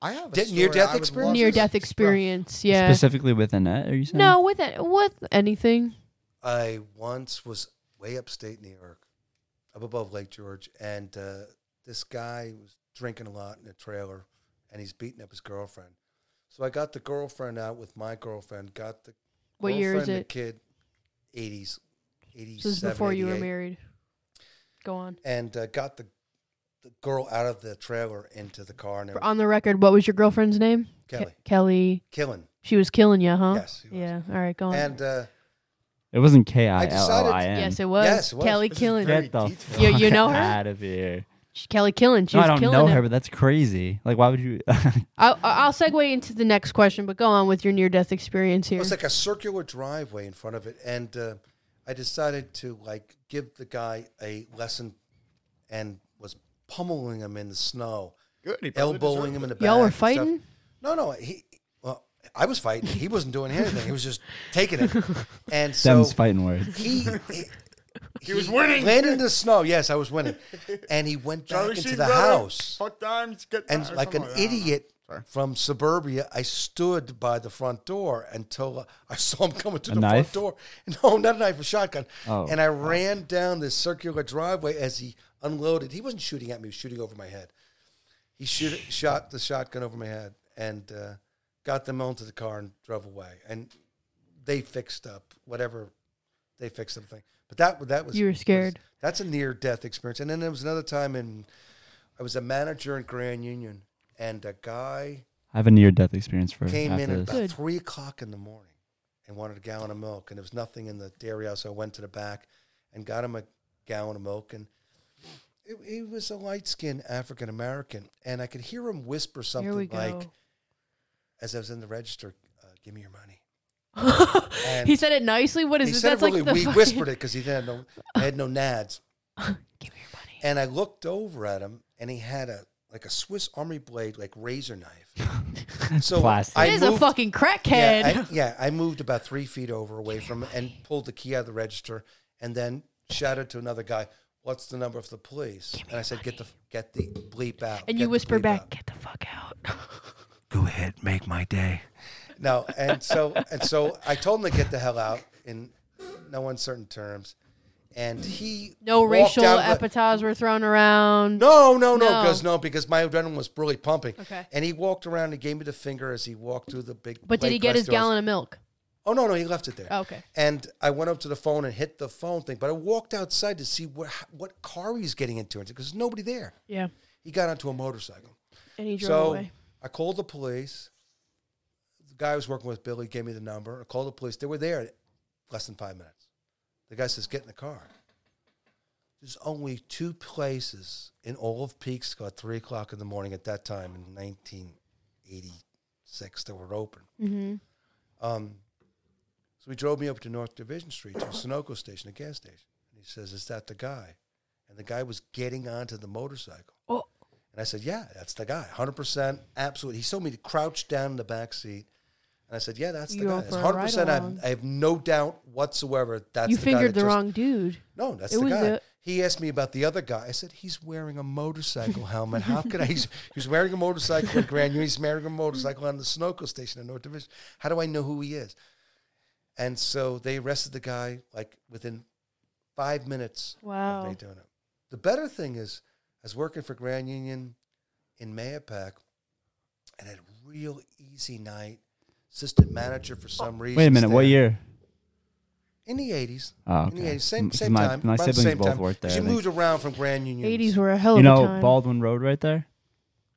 [SPEAKER 4] I have a
[SPEAKER 3] Did-
[SPEAKER 4] story
[SPEAKER 3] near-death
[SPEAKER 4] I would
[SPEAKER 3] experience?
[SPEAKER 4] love to
[SPEAKER 1] Near death
[SPEAKER 4] express.
[SPEAKER 1] experience, yeah.
[SPEAKER 2] Specifically with Annette, are you saying?
[SPEAKER 1] No, with a- with anything.
[SPEAKER 3] I once was way upstate New York, up above Lake George, and uh, this guy was drinking a lot in a trailer, and he's beating up his girlfriend. So I got the girlfriend out with my girlfriend. Got the
[SPEAKER 1] What year is
[SPEAKER 3] girlfriend,
[SPEAKER 1] it?
[SPEAKER 3] The kid, eighties,
[SPEAKER 1] This is
[SPEAKER 3] eighty-seven.
[SPEAKER 1] before you were
[SPEAKER 3] 88
[SPEAKER 1] married. Go on.
[SPEAKER 3] and uh, got the, the girl out of the trailer into the car and
[SPEAKER 1] For- On the record, what was your girlfriend's name? Ke-
[SPEAKER 3] Kelly
[SPEAKER 1] Kelly.
[SPEAKER 3] killing.
[SPEAKER 1] She was killing you, huh?
[SPEAKER 3] Yes, she was.
[SPEAKER 1] Yeah. All right, go on.
[SPEAKER 3] And uh,
[SPEAKER 2] It wasn't K I L L
[SPEAKER 3] decided-
[SPEAKER 2] I N.
[SPEAKER 1] yes, it was.
[SPEAKER 3] Yes, it was.
[SPEAKER 1] Kelly
[SPEAKER 4] This is
[SPEAKER 1] killing.
[SPEAKER 4] very-
[SPEAKER 2] Get the
[SPEAKER 4] detailed.
[SPEAKER 1] You- you know her?
[SPEAKER 2] out of here.
[SPEAKER 1] She- Kelly killing. She
[SPEAKER 2] No,
[SPEAKER 1] was
[SPEAKER 2] I don't
[SPEAKER 1] killing
[SPEAKER 2] know
[SPEAKER 1] it.
[SPEAKER 2] her, but that's crazy. Like, why would you?
[SPEAKER 1] I'll, I'll segue into the next question, but go on with your near death experience
[SPEAKER 3] it
[SPEAKER 1] here.
[SPEAKER 3] was like a circular driveway in front of it, and uh, I decided to like give the guy a lesson, and was pummeling him in the snow,
[SPEAKER 4] Good. He probably
[SPEAKER 3] elbowing
[SPEAKER 4] deserved
[SPEAKER 3] him in the back.
[SPEAKER 1] Y'all were
[SPEAKER 3] and stuff.
[SPEAKER 1] fighting?
[SPEAKER 3] No, no, he. Well, I was fighting. He wasn't doing anything. He was just taking it, and so
[SPEAKER 2] Them's fighting words.
[SPEAKER 3] he. he he
[SPEAKER 4] was winning.
[SPEAKER 3] Landed in the snow. Yes, I was winning, and he went back
[SPEAKER 4] Charlie
[SPEAKER 3] into
[SPEAKER 4] Sheen,
[SPEAKER 3] the
[SPEAKER 4] brother.
[SPEAKER 3] house.
[SPEAKER 4] Fuck times. Get
[SPEAKER 3] and
[SPEAKER 4] times,
[SPEAKER 3] like an
[SPEAKER 4] something that.
[SPEAKER 3] idiot
[SPEAKER 4] Sorry.
[SPEAKER 3] from suburbia, I stood by the front door until uh, I saw him coming to
[SPEAKER 2] A
[SPEAKER 3] the
[SPEAKER 2] knife?
[SPEAKER 3] front door. No, not a knife, a shotgun.
[SPEAKER 2] Oh.
[SPEAKER 3] And I ran down this circular driveway as he unloaded. He wasn't shooting at me; he was shooting over my head. He shoot, shot the shotgun over my head and uh, got them onto the car and drove away. And they fixed up whatever they fixed up the thing. But that that was
[SPEAKER 1] You were scared.
[SPEAKER 3] was- that's a near death experience. And then there was another time in I was a manager in Grand Union, and a guy
[SPEAKER 2] I have a near death experience for
[SPEAKER 3] came in
[SPEAKER 2] after
[SPEAKER 3] at
[SPEAKER 2] this.
[SPEAKER 3] about
[SPEAKER 1] Good.
[SPEAKER 3] three o'clock in the morning and wanted a gallon of milk, and there was nothing in the dairy house. So I went to the back and got him a gallon of milk, and it, he was a light skinned African American, and I could hear him whisper
[SPEAKER 1] Here we
[SPEAKER 3] something
[SPEAKER 1] go.
[SPEAKER 3] like, as I was in the register, uh, "Give me your money." And
[SPEAKER 1] he said it nicely. What is
[SPEAKER 3] he
[SPEAKER 1] this?
[SPEAKER 3] said it
[SPEAKER 1] That's
[SPEAKER 3] really.
[SPEAKER 1] like the
[SPEAKER 3] we
[SPEAKER 1] fucking-
[SPEAKER 3] whispered it because he didn't have no, I had no nads.
[SPEAKER 1] Give me your money.
[SPEAKER 3] And I looked over at him, and he had a like a Swiss Army blade, like razor knife. so
[SPEAKER 2] Plastic.
[SPEAKER 3] I
[SPEAKER 1] it is
[SPEAKER 3] moved,
[SPEAKER 1] a fucking crackhead.
[SPEAKER 3] yeah I, yeah, I moved about three feet over away from him and pulled the key out of the register, and then shouted to another guy, "What's the number of the police?" And I said, "Get the get the bleep out."
[SPEAKER 1] and
[SPEAKER 3] get
[SPEAKER 1] you
[SPEAKER 3] the
[SPEAKER 1] whisper
[SPEAKER 3] bleep
[SPEAKER 1] back,
[SPEAKER 3] out."
[SPEAKER 1] "Get the fuck out."
[SPEAKER 3] "Go ahead, make my day." No, and so and so I told him to get the hell out in no uncertain terms, and he
[SPEAKER 1] No
[SPEAKER 3] walked
[SPEAKER 1] racial
[SPEAKER 3] out the-
[SPEAKER 1] epithets were thrown around.
[SPEAKER 3] No, no, no,
[SPEAKER 1] No.
[SPEAKER 3] because no. because my adrenaline was really pumping.
[SPEAKER 1] Okay.
[SPEAKER 3] And he walked around and gave me the finger as he walked through the big.
[SPEAKER 1] But did
[SPEAKER 3] plate
[SPEAKER 1] he get
[SPEAKER 3] glass
[SPEAKER 1] his
[SPEAKER 3] doors.
[SPEAKER 1] gallon of milk?
[SPEAKER 3] Oh no, no, he left it there.
[SPEAKER 1] Oh, okay.
[SPEAKER 3] And I went up to the phone and hit the phone thing, but I walked outside to see what what car he's getting into because there's nobody there.
[SPEAKER 1] Yeah.
[SPEAKER 3] He got onto a motorcycle.
[SPEAKER 1] And he drove
[SPEAKER 3] So
[SPEAKER 1] away.
[SPEAKER 3] I called the police. The guy I was working with, Billy, gave me the number. I called the police. They were there in less than five minutes. The guy says, Get in the car. There's only two places in all of Peekskill at three o'clock in the morning at that time in 1986 that were open.
[SPEAKER 1] Mm-hmm.
[SPEAKER 3] Um, so he drove me up to North Division Street to Sunoco Station, a gas station. And he says, Is that the guy? And the guy was getting onto the motorcycle.
[SPEAKER 1] Oh.
[SPEAKER 3] And I said, Yeah, that's the guy. 100%. Absolutely. He told me to crouch down in the back seat. And I said, Yeah, that's the
[SPEAKER 1] You
[SPEAKER 3] guy.
[SPEAKER 1] went
[SPEAKER 3] It's
[SPEAKER 1] for a
[SPEAKER 3] 100%. I have,
[SPEAKER 1] ride-along.
[SPEAKER 3] I have no doubt whatsoever that's
[SPEAKER 1] You
[SPEAKER 3] the guy.
[SPEAKER 1] fingered
[SPEAKER 3] that
[SPEAKER 1] the
[SPEAKER 3] just-
[SPEAKER 1] wrong dude.
[SPEAKER 3] No, that's
[SPEAKER 1] It
[SPEAKER 3] the
[SPEAKER 1] was
[SPEAKER 3] guy.
[SPEAKER 1] the-
[SPEAKER 3] he asked me about the other guy. I said, He's wearing a motorcycle helmet. How could I? He's, he's wearing a motorcycle in Grand Union. He's wearing a motorcycle on the Sunoco Station in North Division. How do I know who he is? And so they arrested the guy like within five minutes of
[SPEAKER 1] Wow.
[SPEAKER 3] me doing it. The better thing is, I was working for Grand Union in Mayapack and had a real easy night. Assistant manager for some reason.
[SPEAKER 2] Wait a minute. What
[SPEAKER 3] there.
[SPEAKER 2] year?
[SPEAKER 3] In the eighties.
[SPEAKER 2] Oh,
[SPEAKER 3] In the
[SPEAKER 2] okay.
[SPEAKER 3] eighties. Same
[SPEAKER 2] Mm, 'cause
[SPEAKER 3] same
[SPEAKER 2] my-
[SPEAKER 3] time.
[SPEAKER 2] my
[SPEAKER 3] around the
[SPEAKER 2] siblings
[SPEAKER 3] same
[SPEAKER 2] both
[SPEAKER 3] time.
[SPEAKER 2] worked there,
[SPEAKER 3] 'Cause
[SPEAKER 2] I
[SPEAKER 3] You
[SPEAKER 2] think.
[SPEAKER 3] moved around from Grand Union.
[SPEAKER 1] 80s were a hell of
[SPEAKER 2] You
[SPEAKER 1] a
[SPEAKER 2] know
[SPEAKER 1] time.
[SPEAKER 2] Baldwin Road right there.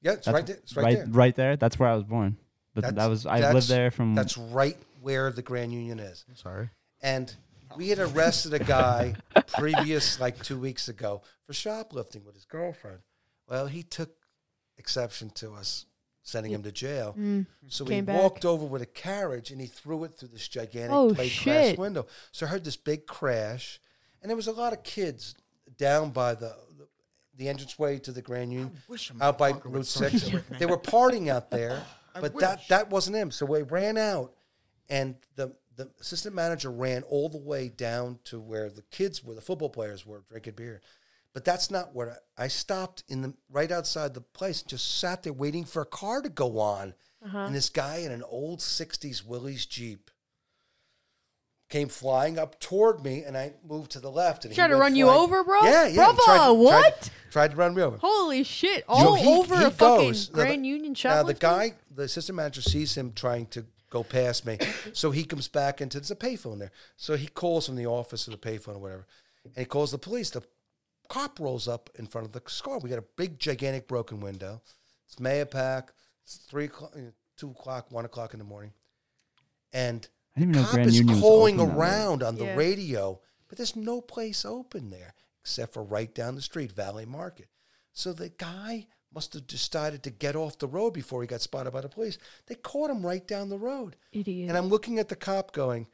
[SPEAKER 3] Yeah, it's
[SPEAKER 2] That's
[SPEAKER 3] right there. It's right, there.
[SPEAKER 2] Right there. That's where I was born. But
[SPEAKER 3] That's-
[SPEAKER 2] that was I
[SPEAKER 3] that's-
[SPEAKER 2] lived there from.
[SPEAKER 3] That's right where the Grand Union is.
[SPEAKER 4] Sorry.
[SPEAKER 3] And we had arrested a guy previous like two weeks ago for shoplifting with his girlfriend. Well, he took exception to us sending him to jail.
[SPEAKER 1] Mm.
[SPEAKER 3] So he
[SPEAKER 1] Came back.
[SPEAKER 3] walked over with a carriage and he threw it through this gigantic
[SPEAKER 1] Oh,
[SPEAKER 3] plate glass
[SPEAKER 1] shit.
[SPEAKER 3] window. So I heard this big crash, and there was a lot of kids down by the the entranceway to the Grand Union,
[SPEAKER 4] wish a
[SPEAKER 3] out by
[SPEAKER 4] motherfucker would
[SPEAKER 3] Route
[SPEAKER 4] sign
[SPEAKER 3] Six.
[SPEAKER 4] that with
[SPEAKER 3] they
[SPEAKER 4] me.
[SPEAKER 3] were partying out there, but that
[SPEAKER 4] wish.
[SPEAKER 3] that wasn't him. So we ran out, and the the assistant manager ran all the way down to where the kids were, the football players were drinking beer. But that's not where I, I stopped in the right outside the place and just sat there waiting for a car to go
[SPEAKER 1] Uh-huh.
[SPEAKER 3] on. And this guy in an old '60s Willie's Jeep came flying up toward me, and I moved to the left. And he
[SPEAKER 1] Tried to
[SPEAKER 3] went
[SPEAKER 1] run you
[SPEAKER 3] flying-
[SPEAKER 1] over, bro?
[SPEAKER 3] Yeah, yeah. he
[SPEAKER 1] Brother,
[SPEAKER 3] tried to-
[SPEAKER 1] what?
[SPEAKER 3] Tried, tried to run me over.
[SPEAKER 1] Holy shit!
[SPEAKER 3] So
[SPEAKER 1] All
[SPEAKER 3] he-
[SPEAKER 1] over
[SPEAKER 3] he
[SPEAKER 1] a fucking
[SPEAKER 3] goes. Now the-
[SPEAKER 1] Grand Union shop.
[SPEAKER 3] Now the guy, the assistant manager, sees him trying to go past me, so he comes back into there's a payphone there. So he calls from the office or the payphone or whatever, and he calls the police. The cop rolls up in front of the store. We got a big, gigantic broken window. It's Mayapack. It's three o'clock, two o'clock, one o'clock in the morning, and
[SPEAKER 2] I didn't even know
[SPEAKER 3] cop
[SPEAKER 2] Grand
[SPEAKER 3] is
[SPEAKER 2] Union was
[SPEAKER 3] calling
[SPEAKER 2] open that late.
[SPEAKER 3] around on the
[SPEAKER 1] Yeah.
[SPEAKER 3] radio, but there's no place open there except for right down the street, Valley Market. So the guy must have decided to get off the road before he got spotted by the police. They caught him right down the road.
[SPEAKER 1] Idiot.
[SPEAKER 3] And I'm looking at the cop going,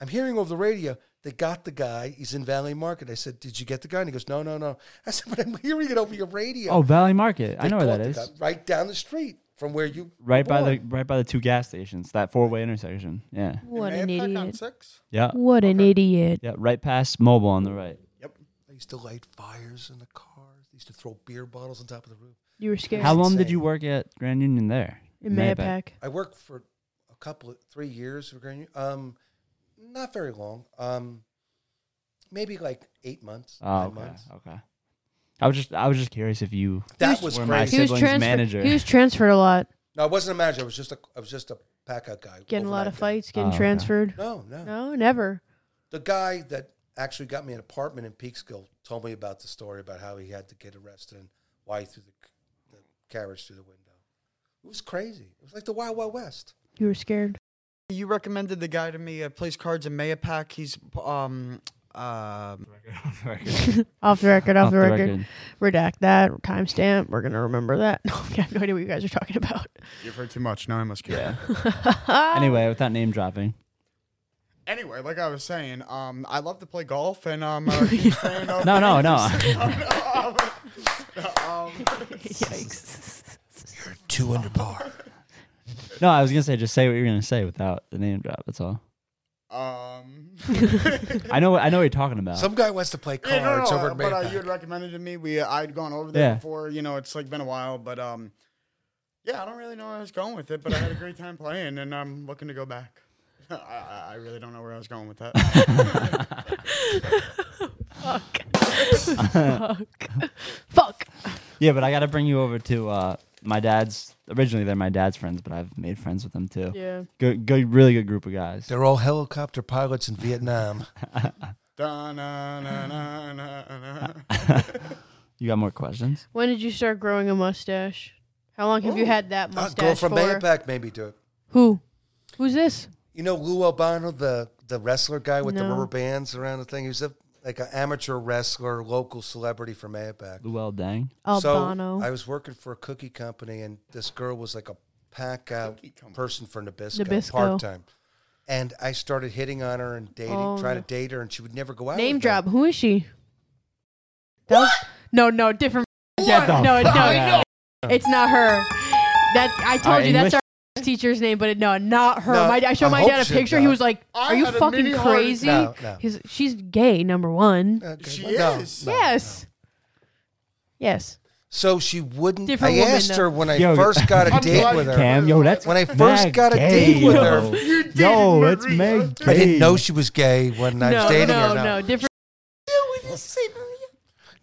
[SPEAKER 3] I'm hearing over the radio, they got the guy. He's in Valley Market. I said, Did you get the guy? And he goes, No, no, no. I said, But I'm hearing it over your radio.
[SPEAKER 2] Oh, Valley Market. I
[SPEAKER 3] They
[SPEAKER 2] know where
[SPEAKER 3] caught
[SPEAKER 2] that
[SPEAKER 3] the
[SPEAKER 2] is.
[SPEAKER 3] guy Right down the street from where you. were
[SPEAKER 2] Right by the
[SPEAKER 3] born.
[SPEAKER 2] right by the two gas stations. That four way intersection. Yeah.
[SPEAKER 1] what
[SPEAKER 4] May
[SPEAKER 1] an
[SPEAKER 4] have packed on
[SPEAKER 1] idiot!
[SPEAKER 4] six.
[SPEAKER 2] Yeah.
[SPEAKER 1] What an idiot!
[SPEAKER 2] Yeah. Right past mobile on the right.
[SPEAKER 3] They used to light fires in the cars. They used to throw beer bottles on top of the roof.
[SPEAKER 1] You were scared.
[SPEAKER 2] How long did
[SPEAKER 3] insane.
[SPEAKER 2] you work at Grand Union there?
[SPEAKER 1] in Mayapack.
[SPEAKER 3] I worked for a couple of three years. for Grand Union. Um, not very long. Um, maybe like eight months.
[SPEAKER 2] Oh,
[SPEAKER 3] nine
[SPEAKER 2] okay.
[SPEAKER 3] months.
[SPEAKER 2] Okay. I was just I was just curious if you
[SPEAKER 3] That
[SPEAKER 1] He
[SPEAKER 3] was
[SPEAKER 1] was-
[SPEAKER 2] Where am I
[SPEAKER 3] crazy.
[SPEAKER 1] He was
[SPEAKER 2] Siblings
[SPEAKER 1] transferred.
[SPEAKER 2] manager.
[SPEAKER 1] He was transferred a lot,
[SPEAKER 3] No, I wasn't a manager. I was just a I was just a pack out guy.
[SPEAKER 1] getting a lot of
[SPEAKER 3] overnight
[SPEAKER 1] fights, getting
[SPEAKER 2] Oh, okay.
[SPEAKER 1] transferred.
[SPEAKER 3] guy. No, no,
[SPEAKER 1] No, never.
[SPEAKER 3] The guy that actually got me an apartment in Peekskill told me about the story about how he had to get arrested and why he threw the, c- the carriage through the window. It was crazy. It was like the Wild Wild West.
[SPEAKER 1] You were scared.
[SPEAKER 4] You recommended the guy to me. Uh, plays cards in Mayapack. He's um um
[SPEAKER 1] Off the record. Off, the, record.
[SPEAKER 2] record.
[SPEAKER 1] Redact that timestamp. We're gonna remember that. No, I have no idea what you guys are talking about.
[SPEAKER 4] You've heard too much. Now I must go.
[SPEAKER 2] Yeah. anyway, without name dropping.
[SPEAKER 4] Anyway, like I was saying, um, I love to play golf, and um, uh, keep saying, um,
[SPEAKER 2] No, no, no.
[SPEAKER 4] Um,
[SPEAKER 1] Yikes.
[SPEAKER 3] Two under par.
[SPEAKER 2] No, I was gonna say just say what you're gonna say without the name drop. That's all.
[SPEAKER 4] um,
[SPEAKER 2] I know. what- I know what you're talking about.
[SPEAKER 3] Some guy wants to play cards
[SPEAKER 4] yeah, no, no,
[SPEAKER 3] over
[SPEAKER 4] uh,
[SPEAKER 3] at
[SPEAKER 4] but uh,
[SPEAKER 3] Mayapack.
[SPEAKER 4] you had recommended to me. We uh, I'd gone over there
[SPEAKER 2] Yeah.
[SPEAKER 4] before. You know, it's like been a while, but um, yeah, I don't really know where I was going with it, but I had a great time playing, and I'm looking to go back. I- I, I really don't know where I was going with that.
[SPEAKER 1] Fuck. Fuck. Fuck.
[SPEAKER 2] yeah, but I got to bring you over to uh, my dad's. Originally, they're my dad's friends, but I've made friends with them too.
[SPEAKER 1] Yeah.
[SPEAKER 2] Good, good, really good group of guys.
[SPEAKER 3] They're all helicopter pilots in Vietnam.
[SPEAKER 4] Da-na-na-na-na-na.
[SPEAKER 2] You got more questions?
[SPEAKER 1] When did you start growing a mustache? How long have you had that
[SPEAKER 3] A
[SPEAKER 1] mustache
[SPEAKER 3] girl from
[SPEAKER 1] for?
[SPEAKER 3] Mayapack made me do it.
[SPEAKER 1] Who? Who's this?
[SPEAKER 3] You know Lou Albano, the the wrestler guy with the
[SPEAKER 1] No.
[SPEAKER 3] rubber bands around the thing. He was a, like an amateur wrestler, local celebrity from Mayapack.
[SPEAKER 2] Luell Dang.
[SPEAKER 1] Albano.
[SPEAKER 3] So I was working for a cookie company, and this girl was like a pack
[SPEAKER 2] Uh,
[SPEAKER 3] out person for Nabisco,
[SPEAKER 1] Nabisco.
[SPEAKER 3] part time. And I started hitting on her and dating,
[SPEAKER 1] Oh,
[SPEAKER 3] trying
[SPEAKER 1] no.
[SPEAKER 3] to date her, and she would never go out.
[SPEAKER 1] Name
[SPEAKER 3] with me.
[SPEAKER 1] drop. Who is she? That was- no, no, different. Yeah,
[SPEAKER 2] the
[SPEAKER 1] no,
[SPEAKER 2] fuck?
[SPEAKER 1] no, it's not her. That I told
[SPEAKER 2] Our
[SPEAKER 1] you that's
[SPEAKER 2] English-
[SPEAKER 1] our teacher's name, but it, no, not her.
[SPEAKER 3] No,
[SPEAKER 1] my, I showed
[SPEAKER 3] I
[SPEAKER 1] my
[SPEAKER 3] hope
[SPEAKER 1] dad a
[SPEAKER 3] she's
[SPEAKER 1] picture. He
[SPEAKER 3] not.
[SPEAKER 1] was like,
[SPEAKER 4] I
[SPEAKER 1] "Are you
[SPEAKER 4] had a
[SPEAKER 1] fucking
[SPEAKER 4] mini heart
[SPEAKER 1] crazy?"
[SPEAKER 3] No, no.
[SPEAKER 1] He's she's gay. Number one.
[SPEAKER 3] Okay,
[SPEAKER 4] She
[SPEAKER 3] well, no,
[SPEAKER 4] is.
[SPEAKER 3] no, no.
[SPEAKER 1] yes. Yes.
[SPEAKER 3] So she wouldn't.
[SPEAKER 1] Different
[SPEAKER 3] I
[SPEAKER 1] woman,
[SPEAKER 3] asked her
[SPEAKER 1] though.
[SPEAKER 3] when I
[SPEAKER 2] Yo,
[SPEAKER 3] first got a
[SPEAKER 4] I'm
[SPEAKER 3] date
[SPEAKER 4] glad
[SPEAKER 3] with
[SPEAKER 4] you
[SPEAKER 3] her.
[SPEAKER 2] Cam, yo, that's
[SPEAKER 3] When I first
[SPEAKER 2] mad
[SPEAKER 3] got a
[SPEAKER 2] gay,
[SPEAKER 3] date with
[SPEAKER 2] yo.
[SPEAKER 3] her-
[SPEAKER 4] You did,
[SPEAKER 2] Yo, it's
[SPEAKER 4] Marie.
[SPEAKER 2] mad
[SPEAKER 3] I didn't
[SPEAKER 2] gay.
[SPEAKER 3] know she was gay when I was
[SPEAKER 1] no,
[SPEAKER 3] dating
[SPEAKER 1] no,
[SPEAKER 3] her.
[SPEAKER 1] no, different.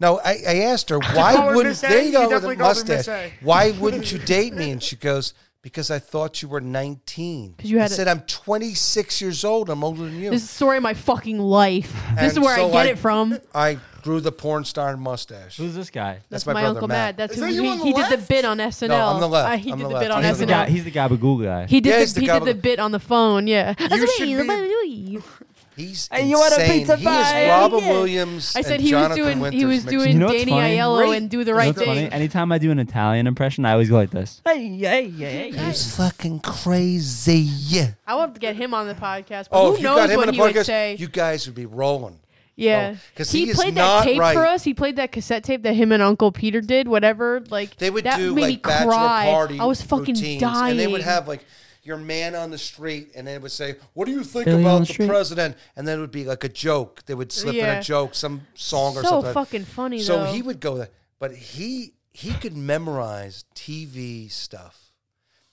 [SPEAKER 3] No, I, I asked her
[SPEAKER 4] call
[SPEAKER 3] why
[SPEAKER 4] her
[SPEAKER 3] wouldn't
[SPEAKER 4] Miss A?
[SPEAKER 3] there you
[SPEAKER 4] You
[SPEAKER 3] go with a
[SPEAKER 4] definitely called her Miss
[SPEAKER 3] mustache.
[SPEAKER 4] A.
[SPEAKER 3] Why wouldn't you date me? And she goes, because I thought you were nineteen.
[SPEAKER 1] 'Cause you had
[SPEAKER 3] I
[SPEAKER 1] a-
[SPEAKER 3] said I'm 26 years old. I'm older than you.
[SPEAKER 1] This is the story of my fucking life. This is
[SPEAKER 3] And
[SPEAKER 1] where
[SPEAKER 3] so
[SPEAKER 1] I get
[SPEAKER 3] I-
[SPEAKER 1] it from.
[SPEAKER 3] I grew the porn star mustache.
[SPEAKER 2] Who's this guy?
[SPEAKER 1] That's,
[SPEAKER 3] my
[SPEAKER 1] my,
[SPEAKER 3] brother,
[SPEAKER 1] uncle Matt.
[SPEAKER 3] Matt.
[SPEAKER 1] That's
[SPEAKER 4] Is
[SPEAKER 1] who
[SPEAKER 4] that you
[SPEAKER 1] he,
[SPEAKER 4] on the
[SPEAKER 1] he did the
[SPEAKER 4] left?
[SPEAKER 1] bit on SNL.
[SPEAKER 3] I'm the left.
[SPEAKER 1] Uh, he
[SPEAKER 3] I'm
[SPEAKER 1] did
[SPEAKER 3] the
[SPEAKER 1] the
[SPEAKER 3] left.
[SPEAKER 1] bit on
[SPEAKER 3] He's
[SPEAKER 2] He's the guy.
[SPEAKER 1] SNL.
[SPEAKER 2] He's the Gabagool guy.
[SPEAKER 1] He did
[SPEAKER 3] Yeah, he's
[SPEAKER 1] the,
[SPEAKER 3] the
[SPEAKER 1] he
[SPEAKER 3] guy
[SPEAKER 1] did
[SPEAKER 3] with
[SPEAKER 1] the
[SPEAKER 3] the-
[SPEAKER 1] bit on the phone. Yeah. That's what
[SPEAKER 4] should
[SPEAKER 1] he-
[SPEAKER 3] He's
[SPEAKER 2] Hey,
[SPEAKER 3] insane.
[SPEAKER 2] you want a pizza
[SPEAKER 3] he
[SPEAKER 2] pie?
[SPEAKER 3] is Robin
[SPEAKER 2] Yeah.
[SPEAKER 3] Williams.
[SPEAKER 1] I said
[SPEAKER 3] and
[SPEAKER 1] he was
[SPEAKER 3] Jonathan
[SPEAKER 1] doing
[SPEAKER 3] Winters
[SPEAKER 1] he was
[SPEAKER 3] mixed
[SPEAKER 1] doing
[SPEAKER 2] You know what's
[SPEAKER 1] Danny
[SPEAKER 2] funny?
[SPEAKER 1] Aiello and do the right
[SPEAKER 2] you know what's
[SPEAKER 1] thing.
[SPEAKER 2] funny? Anytime I do an Italian impression, I always go like this.
[SPEAKER 3] He's fucking crazy.
[SPEAKER 1] I would have to get him on the podcast. But
[SPEAKER 3] Oh, if
[SPEAKER 1] who
[SPEAKER 3] you
[SPEAKER 1] knows
[SPEAKER 3] got him
[SPEAKER 1] what
[SPEAKER 3] in
[SPEAKER 1] he
[SPEAKER 3] the
[SPEAKER 1] would
[SPEAKER 3] podcast,
[SPEAKER 1] say?
[SPEAKER 3] you guys would be rolling.
[SPEAKER 1] yeah,
[SPEAKER 3] 'cause
[SPEAKER 1] he,
[SPEAKER 3] he is
[SPEAKER 1] played that
[SPEAKER 3] not
[SPEAKER 1] tape
[SPEAKER 3] right.
[SPEAKER 1] for us. He played that cassette tape that him and Uncle Peter did. Whatever, like
[SPEAKER 3] They would
[SPEAKER 1] that
[SPEAKER 3] do
[SPEAKER 1] made me
[SPEAKER 3] like bachelor
[SPEAKER 1] cry.
[SPEAKER 3] party.
[SPEAKER 1] I was fucking
[SPEAKER 3] routines,
[SPEAKER 1] dying.
[SPEAKER 3] and they would have like your man on the street, and they would say, "What do you think
[SPEAKER 2] Billy on
[SPEAKER 3] about
[SPEAKER 2] the
[SPEAKER 3] the
[SPEAKER 2] street.
[SPEAKER 3] president?" And then it would be like a joke. They would slip in
[SPEAKER 1] Yeah.
[SPEAKER 3] a joke, some song or
[SPEAKER 1] so
[SPEAKER 3] something.
[SPEAKER 1] fucking funny
[SPEAKER 3] so
[SPEAKER 1] though.
[SPEAKER 3] he would go there, but he he could memorize TV stuff.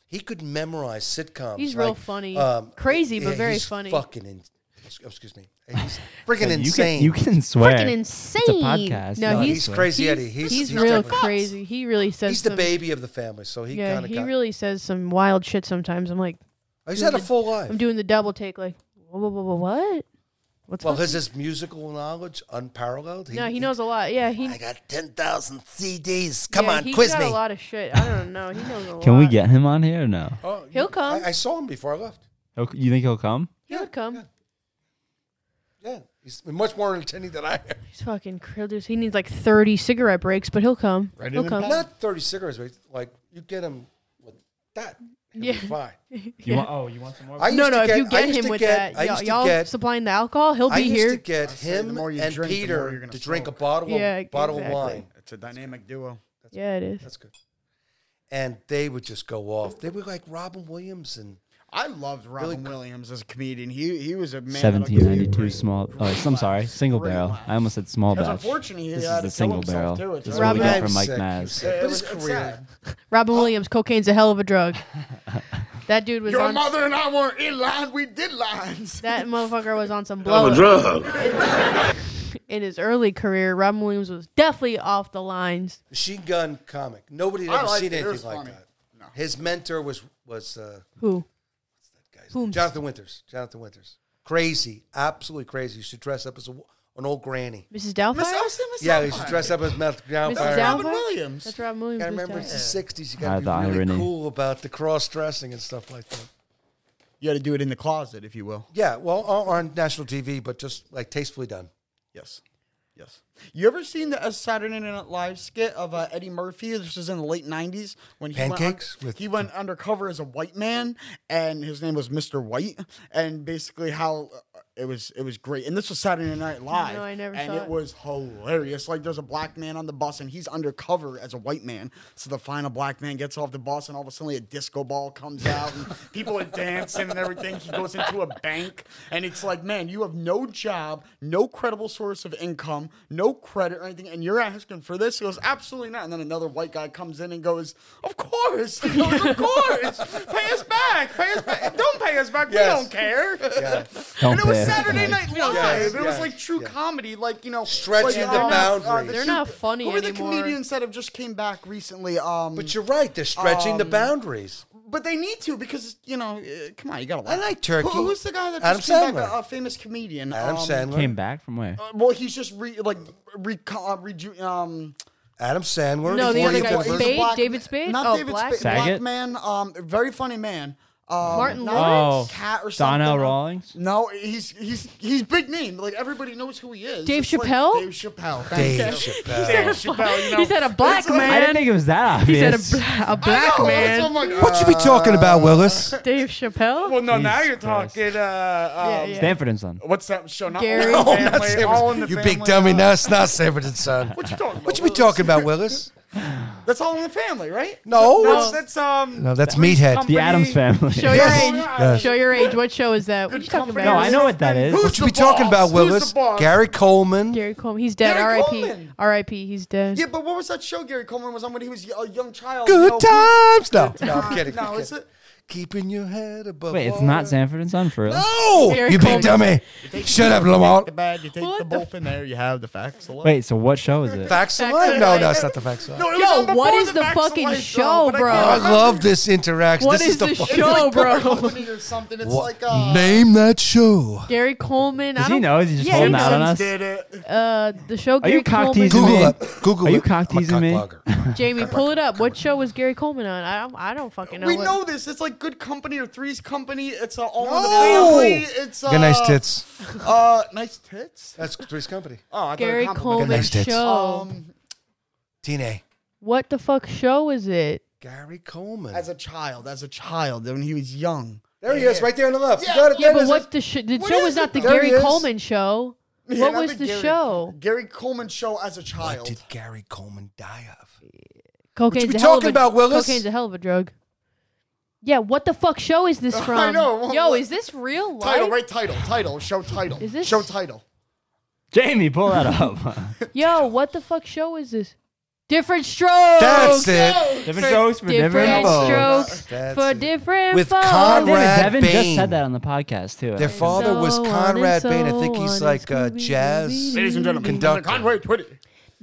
[SPEAKER 3] He could memorize sitcoms.
[SPEAKER 1] He's
[SPEAKER 3] like,
[SPEAKER 1] real funny. Crazy, but very
[SPEAKER 3] he's
[SPEAKER 1] funny.
[SPEAKER 3] Fucking in, Ex- oh, Excuse me. He's
[SPEAKER 2] Hey,
[SPEAKER 3] freaking
[SPEAKER 2] you
[SPEAKER 3] insane.
[SPEAKER 2] can, you can swear.
[SPEAKER 1] Freaking insane.
[SPEAKER 2] podcast.
[SPEAKER 1] No,
[SPEAKER 2] No,
[SPEAKER 1] he's
[SPEAKER 3] he's crazy
[SPEAKER 1] he's,
[SPEAKER 3] Eddie. He's,
[SPEAKER 1] he's
[SPEAKER 3] he's
[SPEAKER 1] real
[SPEAKER 3] definitely-
[SPEAKER 1] crazy. He really says
[SPEAKER 3] He's the
[SPEAKER 1] some-
[SPEAKER 3] baby of the family, so he
[SPEAKER 1] yeah,
[SPEAKER 3] kind of
[SPEAKER 1] he
[SPEAKER 3] got.
[SPEAKER 1] really says some wild shit sometimes. I'm like,
[SPEAKER 3] he's had a full life.
[SPEAKER 1] I'm doing the double take, like, whoa, whoa, whoa, whoa, what? What's
[SPEAKER 3] well,
[SPEAKER 1] going-
[SPEAKER 3] his, his musical knowledge unparalleled.
[SPEAKER 1] No, he knows a lot. Yeah, he.
[SPEAKER 3] I got ten thousand CDs. Come
[SPEAKER 1] yeah,
[SPEAKER 3] on,
[SPEAKER 1] he's
[SPEAKER 3] quiz
[SPEAKER 1] got
[SPEAKER 3] me.
[SPEAKER 1] a lot of shit. I don't know. He knows a lot.
[SPEAKER 2] Can we get him on here or no?
[SPEAKER 3] Oh, you-
[SPEAKER 1] He'll come.
[SPEAKER 3] I, I saw him before I left.
[SPEAKER 2] He'll- You think he'll come?
[SPEAKER 1] He would come.
[SPEAKER 3] Yeah. Yeah. he's much more entertaining than I am.
[SPEAKER 1] He's fucking crazy. He needs like 30 cigarette breaks, but he'll come.
[SPEAKER 4] Right
[SPEAKER 1] he'll
[SPEAKER 4] in the
[SPEAKER 1] come.
[SPEAKER 3] Not thirty cigarettes, but like you get him with that, he'll
[SPEAKER 1] Yeah.
[SPEAKER 3] be fine.
[SPEAKER 2] You want? Oh, you want some more?
[SPEAKER 3] I
[SPEAKER 1] No,
[SPEAKER 3] used to
[SPEAKER 1] no. If you
[SPEAKER 3] I
[SPEAKER 1] get
[SPEAKER 3] used
[SPEAKER 1] him
[SPEAKER 3] to
[SPEAKER 1] with
[SPEAKER 3] get-
[SPEAKER 1] that, y'all,
[SPEAKER 3] I used to
[SPEAKER 1] y'all
[SPEAKER 3] get-
[SPEAKER 1] supplying the alcohol, he'll
[SPEAKER 3] I
[SPEAKER 1] be
[SPEAKER 3] used
[SPEAKER 1] here.
[SPEAKER 3] to get
[SPEAKER 4] say the
[SPEAKER 3] him
[SPEAKER 4] more you
[SPEAKER 3] and
[SPEAKER 4] drink, the more you're
[SPEAKER 3] Peter
[SPEAKER 4] gonna
[SPEAKER 3] to drink a
[SPEAKER 4] smoke.
[SPEAKER 3] bottle
[SPEAKER 1] Yeah,
[SPEAKER 3] of bottle
[SPEAKER 1] exactly.
[SPEAKER 3] of wine.
[SPEAKER 4] It's a dynamic duo.
[SPEAKER 1] yeah, it is.
[SPEAKER 3] That's good. And they would just go off. They were like Robin Williams and
[SPEAKER 4] I loved Robin
[SPEAKER 3] cool.
[SPEAKER 4] Williams as a comedian. He he was a man. that'll give you
[SPEAKER 2] 1792
[SPEAKER 4] great-
[SPEAKER 2] small.
[SPEAKER 4] great
[SPEAKER 2] Oh, I'm sorry,
[SPEAKER 4] laughs,
[SPEAKER 2] single
[SPEAKER 4] great
[SPEAKER 2] barrel.
[SPEAKER 4] laughs.
[SPEAKER 2] I almost said small
[SPEAKER 4] Because
[SPEAKER 2] batch.
[SPEAKER 4] unfortunately, he
[SPEAKER 2] This
[SPEAKER 4] had
[SPEAKER 2] is the
[SPEAKER 4] to kill
[SPEAKER 2] single
[SPEAKER 4] himself,
[SPEAKER 2] barrel.
[SPEAKER 4] too. It's
[SPEAKER 2] This is
[SPEAKER 4] really
[SPEAKER 2] what we
[SPEAKER 1] Robin-
[SPEAKER 2] got from
[SPEAKER 3] I'm
[SPEAKER 2] Mike
[SPEAKER 3] sick, I'm
[SPEAKER 2] Maz.
[SPEAKER 3] sick.
[SPEAKER 4] It
[SPEAKER 3] But
[SPEAKER 4] was
[SPEAKER 3] it's
[SPEAKER 4] it's
[SPEAKER 3] career.
[SPEAKER 4] sad. Oh.
[SPEAKER 1] Robin Williams, cocaine's a hell of a drug. that dude was
[SPEAKER 4] Your
[SPEAKER 1] on.
[SPEAKER 4] mother and I weren't in line. We did lines.
[SPEAKER 1] That motherfucker was on some
[SPEAKER 6] I'm a
[SPEAKER 1] blow.
[SPEAKER 6] drug.
[SPEAKER 1] In his early career, Robin Williams was definitely off the lines.
[SPEAKER 3] Machine Gun Comic. Nobody had
[SPEAKER 4] I
[SPEAKER 3] ever
[SPEAKER 4] liked
[SPEAKER 3] seen
[SPEAKER 4] it. It
[SPEAKER 3] anything
[SPEAKER 4] was
[SPEAKER 3] like
[SPEAKER 4] funny.
[SPEAKER 3] that. His mentor was was uh,
[SPEAKER 1] Who?
[SPEAKER 3] guys,
[SPEAKER 1] Whom's?
[SPEAKER 3] Jonathan Winters. Jonathan Winters. Crazy, absolutely crazy. You should dress up as a, an old granny.
[SPEAKER 1] Mrs. Doubtfire?
[SPEAKER 4] Miss Elsa, Miss
[SPEAKER 3] Yeah,
[SPEAKER 4] Elsa.
[SPEAKER 3] you should dress up as Meth
[SPEAKER 1] Mrs.
[SPEAKER 3] Doubtfire.
[SPEAKER 1] Doubtfire?
[SPEAKER 4] Robin Williams.
[SPEAKER 1] That's Robin Williams.
[SPEAKER 3] I
[SPEAKER 1] Mrs.
[SPEAKER 3] remember
[SPEAKER 1] Doubtfire.
[SPEAKER 3] it's the sixties. You
[SPEAKER 2] Ah,
[SPEAKER 3] got to be
[SPEAKER 2] the
[SPEAKER 3] really
[SPEAKER 2] irony.
[SPEAKER 3] cool about the cross dressing and stuff like that.
[SPEAKER 4] You had to do it in the closet, if you will.
[SPEAKER 3] Yeah, well, on, on national TV, but just like tastefully done.
[SPEAKER 4] Yes. Yes. You ever seen the a Saturday Night Live skit of uh, Eddie Murphy? This was in the late '90s when he
[SPEAKER 3] Pancakes
[SPEAKER 4] went un-
[SPEAKER 3] with-
[SPEAKER 4] he went undercover as a white man, and his name was Mr. White, and basically how uh, it was it was great. And this was Saturday Night Live.
[SPEAKER 1] I never
[SPEAKER 4] And
[SPEAKER 1] saw
[SPEAKER 4] it,
[SPEAKER 1] it.
[SPEAKER 4] was hilarious. Like there's a black man on the bus, and he's undercover as a white man. So the final black man gets off the bus, and all of a sudden a disco ball comes out, and people are dancing and everything. He goes into a bank, and it's like, man, you have no job, no credible source of income, no credit or anything, and you're asking for this. He goes, absolutely not. And then another white guy comes in and goes, of course, He goes, of course, pay us back, pay us back, don't pay us back,
[SPEAKER 3] Yes.
[SPEAKER 4] we don't care.
[SPEAKER 2] Don't
[SPEAKER 4] and it was
[SPEAKER 2] pay us
[SPEAKER 4] Saturday
[SPEAKER 2] back.
[SPEAKER 4] Night Live.
[SPEAKER 3] Yes,
[SPEAKER 4] it was
[SPEAKER 3] yes,
[SPEAKER 4] like true
[SPEAKER 3] yes.
[SPEAKER 4] comedy, like you know,
[SPEAKER 3] Stretching
[SPEAKER 4] like,
[SPEAKER 3] the
[SPEAKER 4] um, uh, the
[SPEAKER 3] boundaries.
[SPEAKER 1] They're
[SPEAKER 4] two-
[SPEAKER 1] not funny
[SPEAKER 4] Who are the
[SPEAKER 1] anymore.
[SPEAKER 4] comedians that have just came back recently? Um,
[SPEAKER 3] But you're right; they're stretching the
[SPEAKER 4] Um,
[SPEAKER 3] boundaries.
[SPEAKER 4] but they need to because you know, uh, come on, you got to.
[SPEAKER 3] I like turkey.
[SPEAKER 4] Who, who's the guy that
[SPEAKER 3] Adam
[SPEAKER 4] just came back?
[SPEAKER 3] Sandler.
[SPEAKER 4] A, a famous comedian.
[SPEAKER 3] Adam
[SPEAKER 4] um,
[SPEAKER 3] Sandler.
[SPEAKER 2] Came back from where?
[SPEAKER 4] Well, he's just re, like re, uh, reju- um.
[SPEAKER 3] Adam Sandler.
[SPEAKER 1] No, the other
[SPEAKER 4] he's a
[SPEAKER 1] guy,
[SPEAKER 4] black- he's a
[SPEAKER 1] Spade?
[SPEAKER 4] black-
[SPEAKER 1] David Spade?
[SPEAKER 4] Not
[SPEAKER 1] Oh,
[SPEAKER 4] David
[SPEAKER 1] black-
[SPEAKER 4] Spade. Black
[SPEAKER 2] Saget?
[SPEAKER 4] man. Um, very funny man. Um,
[SPEAKER 1] Martin
[SPEAKER 4] not
[SPEAKER 2] Lawrence? Oh,
[SPEAKER 4] Cat or something.
[SPEAKER 2] Donnell Rawlings?
[SPEAKER 4] No, he's he's he's big name. Like everybody knows who he is.
[SPEAKER 1] Dave
[SPEAKER 4] It's like
[SPEAKER 1] Chappelle?
[SPEAKER 4] Dave Chappelle. thank
[SPEAKER 3] Dave
[SPEAKER 4] you.
[SPEAKER 3] Chappelle.
[SPEAKER 4] Chappelle, you know.
[SPEAKER 1] He said a black
[SPEAKER 2] I
[SPEAKER 1] man.
[SPEAKER 2] didn't think it was that
[SPEAKER 1] He said
[SPEAKER 2] obvious.
[SPEAKER 1] a, bla- a
[SPEAKER 4] I
[SPEAKER 1] black
[SPEAKER 4] know, that's
[SPEAKER 1] man.
[SPEAKER 4] what I'm like,
[SPEAKER 3] What you be talking about, Willis?
[SPEAKER 1] Dave Chappelle?
[SPEAKER 4] Well, no, now
[SPEAKER 2] Jesus
[SPEAKER 4] you're
[SPEAKER 2] Christ.
[SPEAKER 4] talking. Uh, uh,
[SPEAKER 1] yeah.
[SPEAKER 2] Stanford and Son.
[SPEAKER 4] What's that show? Not
[SPEAKER 1] Gary.
[SPEAKER 4] All
[SPEAKER 1] No,
[SPEAKER 4] in the
[SPEAKER 3] Not
[SPEAKER 4] family.
[SPEAKER 3] Saberton.
[SPEAKER 4] all in the
[SPEAKER 3] you
[SPEAKER 4] family.
[SPEAKER 3] big dummy.
[SPEAKER 4] uh,
[SPEAKER 3] No, it's not Saberton, son.
[SPEAKER 4] What you talking about?
[SPEAKER 3] What you be talking about, Willis?
[SPEAKER 4] That's all in the family, right?
[SPEAKER 3] No,
[SPEAKER 4] That's,
[SPEAKER 3] it's-
[SPEAKER 4] that's um.
[SPEAKER 3] no, that's
[SPEAKER 4] Three's
[SPEAKER 3] Meathead.
[SPEAKER 4] Company.
[SPEAKER 2] The Adams Family.
[SPEAKER 1] Show your
[SPEAKER 3] Yes.
[SPEAKER 1] age.
[SPEAKER 4] Yes.
[SPEAKER 1] Show your age. What show is that? What
[SPEAKER 4] Good
[SPEAKER 1] you talking
[SPEAKER 4] company.
[SPEAKER 1] about?
[SPEAKER 2] No, I know what that is.
[SPEAKER 4] Who's
[SPEAKER 3] What you be
[SPEAKER 4] the
[SPEAKER 3] talking
[SPEAKER 4] boss?
[SPEAKER 3] about,
[SPEAKER 4] Who's the
[SPEAKER 3] Willis?
[SPEAKER 4] boss?
[SPEAKER 3] Gary Coleman.
[SPEAKER 1] Gary Coleman. He's dead.
[SPEAKER 4] Gary
[SPEAKER 1] R.I.P.
[SPEAKER 4] Coleman.
[SPEAKER 1] R.I.P. He's dead.
[SPEAKER 4] Yeah, but what was that show Gary Coleman was on when he was a young child? you know,
[SPEAKER 3] Good
[SPEAKER 4] who-
[SPEAKER 3] times. No, no, I'm
[SPEAKER 4] Uh,
[SPEAKER 3] kidding.
[SPEAKER 4] No,
[SPEAKER 3] I'm
[SPEAKER 4] is
[SPEAKER 3] kidding.
[SPEAKER 4] it?
[SPEAKER 3] Keeping your head above.
[SPEAKER 2] Wait, it's not
[SPEAKER 3] water.
[SPEAKER 2] Sanford and Son for real.
[SPEAKER 3] No,
[SPEAKER 1] Gary
[SPEAKER 3] you big
[SPEAKER 1] Coleman.
[SPEAKER 3] dummy. Shut up, Lamont.
[SPEAKER 4] bad, you take
[SPEAKER 1] What the the-
[SPEAKER 4] in there, you have the facts.
[SPEAKER 2] Wait, so what show is it?
[SPEAKER 3] Facts of
[SPEAKER 1] Facts
[SPEAKER 3] life?
[SPEAKER 1] of
[SPEAKER 3] No,
[SPEAKER 1] life.
[SPEAKER 3] no, it's not the facts of life.
[SPEAKER 4] No, it was
[SPEAKER 1] Yo,
[SPEAKER 4] on before
[SPEAKER 1] what is the
[SPEAKER 4] Facts of
[SPEAKER 1] fucking
[SPEAKER 4] Life
[SPEAKER 1] show,
[SPEAKER 4] but I
[SPEAKER 1] bro?
[SPEAKER 4] can't
[SPEAKER 3] I
[SPEAKER 4] remember.
[SPEAKER 3] love this interaction.
[SPEAKER 1] What
[SPEAKER 3] this
[SPEAKER 1] is
[SPEAKER 3] is the
[SPEAKER 1] this
[SPEAKER 3] fun-
[SPEAKER 1] show?
[SPEAKER 4] It's like
[SPEAKER 1] bro.
[SPEAKER 4] Porter Company or something. It's
[SPEAKER 3] What-
[SPEAKER 4] like uh,
[SPEAKER 3] Name that show.
[SPEAKER 1] Gary Coleman. I
[SPEAKER 2] Does he
[SPEAKER 1] don't-
[SPEAKER 2] know? Is he just
[SPEAKER 1] Yeah,
[SPEAKER 2] holding
[SPEAKER 1] knows.
[SPEAKER 2] out on us?
[SPEAKER 4] Did it?
[SPEAKER 1] Uh, the show
[SPEAKER 2] Are
[SPEAKER 1] Gary
[SPEAKER 2] you cock
[SPEAKER 1] Coleman.
[SPEAKER 2] teasing
[SPEAKER 3] Google
[SPEAKER 2] me?
[SPEAKER 3] it. Google
[SPEAKER 2] Are
[SPEAKER 3] it.
[SPEAKER 2] you cock
[SPEAKER 3] I'm a
[SPEAKER 2] teasing me?
[SPEAKER 3] blogger.
[SPEAKER 1] Jamie, pull it up. What show was Gary Coleman on? I don't, I don't fucking know.
[SPEAKER 4] We
[SPEAKER 1] what-
[SPEAKER 4] know this. It's like Good Company or Three's Company. It's uh, all in the
[SPEAKER 3] No!
[SPEAKER 4] family. It's uh,
[SPEAKER 3] Good nice tits.
[SPEAKER 4] Uh, nice tits.
[SPEAKER 3] That's Three's Company.
[SPEAKER 4] Oh, I
[SPEAKER 1] Gary Coleman
[SPEAKER 3] Nice tits.
[SPEAKER 1] show.
[SPEAKER 4] Um,
[SPEAKER 3] Tina.
[SPEAKER 1] what the fuck show is it?
[SPEAKER 3] Gary Coleman.
[SPEAKER 4] as a child, as a child, when he was young.
[SPEAKER 3] there he is, right there on the left.
[SPEAKER 4] Yeah.
[SPEAKER 3] You got it.
[SPEAKER 1] Yeah,
[SPEAKER 3] There it
[SPEAKER 1] but
[SPEAKER 3] is.
[SPEAKER 1] what the sh- the
[SPEAKER 4] What
[SPEAKER 1] show
[SPEAKER 4] is
[SPEAKER 1] was
[SPEAKER 4] it,
[SPEAKER 1] not the
[SPEAKER 4] though?
[SPEAKER 3] There he
[SPEAKER 1] Gary
[SPEAKER 3] is.
[SPEAKER 1] Coleman show.
[SPEAKER 4] Yeah,
[SPEAKER 1] What
[SPEAKER 4] not
[SPEAKER 1] was the
[SPEAKER 4] Gary-
[SPEAKER 1] show?
[SPEAKER 4] Gary Coleman show as a child.
[SPEAKER 3] What did Gary Coleman die of?
[SPEAKER 1] Cocaine's
[SPEAKER 3] be
[SPEAKER 1] a hell of
[SPEAKER 3] talking
[SPEAKER 1] a,
[SPEAKER 3] about, Willis?
[SPEAKER 1] Cocaine's a hell of a drug. Yeah, what the fuck show is this
[SPEAKER 4] I
[SPEAKER 1] from?
[SPEAKER 4] know, what-
[SPEAKER 1] Yo,
[SPEAKER 4] what-
[SPEAKER 1] is this real life?
[SPEAKER 4] title, right? Title, title, show title.
[SPEAKER 1] Is this-
[SPEAKER 4] show title?
[SPEAKER 2] Jamie, pull that up.
[SPEAKER 1] Yo, what the fuck show is this? Different strokes.
[SPEAKER 3] That's it.
[SPEAKER 2] Different strokes for different
[SPEAKER 1] different
[SPEAKER 2] folks.
[SPEAKER 1] strokes
[SPEAKER 3] That's
[SPEAKER 1] for
[SPEAKER 3] it.
[SPEAKER 1] different
[SPEAKER 3] With
[SPEAKER 1] folks.
[SPEAKER 2] Damn it,
[SPEAKER 3] Conrad
[SPEAKER 2] Devin just
[SPEAKER 3] Bain.
[SPEAKER 2] said that on the podcast too.
[SPEAKER 3] Their father was
[SPEAKER 1] so on
[SPEAKER 3] Conrad
[SPEAKER 1] and
[SPEAKER 3] Bain. I
[SPEAKER 1] so
[SPEAKER 3] think he's
[SPEAKER 1] on
[SPEAKER 3] like
[SPEAKER 1] and
[SPEAKER 3] a
[SPEAKER 1] Scooby-Doo.
[SPEAKER 3] jazz.
[SPEAKER 4] Ladies and gentlemen,
[SPEAKER 3] Conductor.
[SPEAKER 4] Conway Twitty.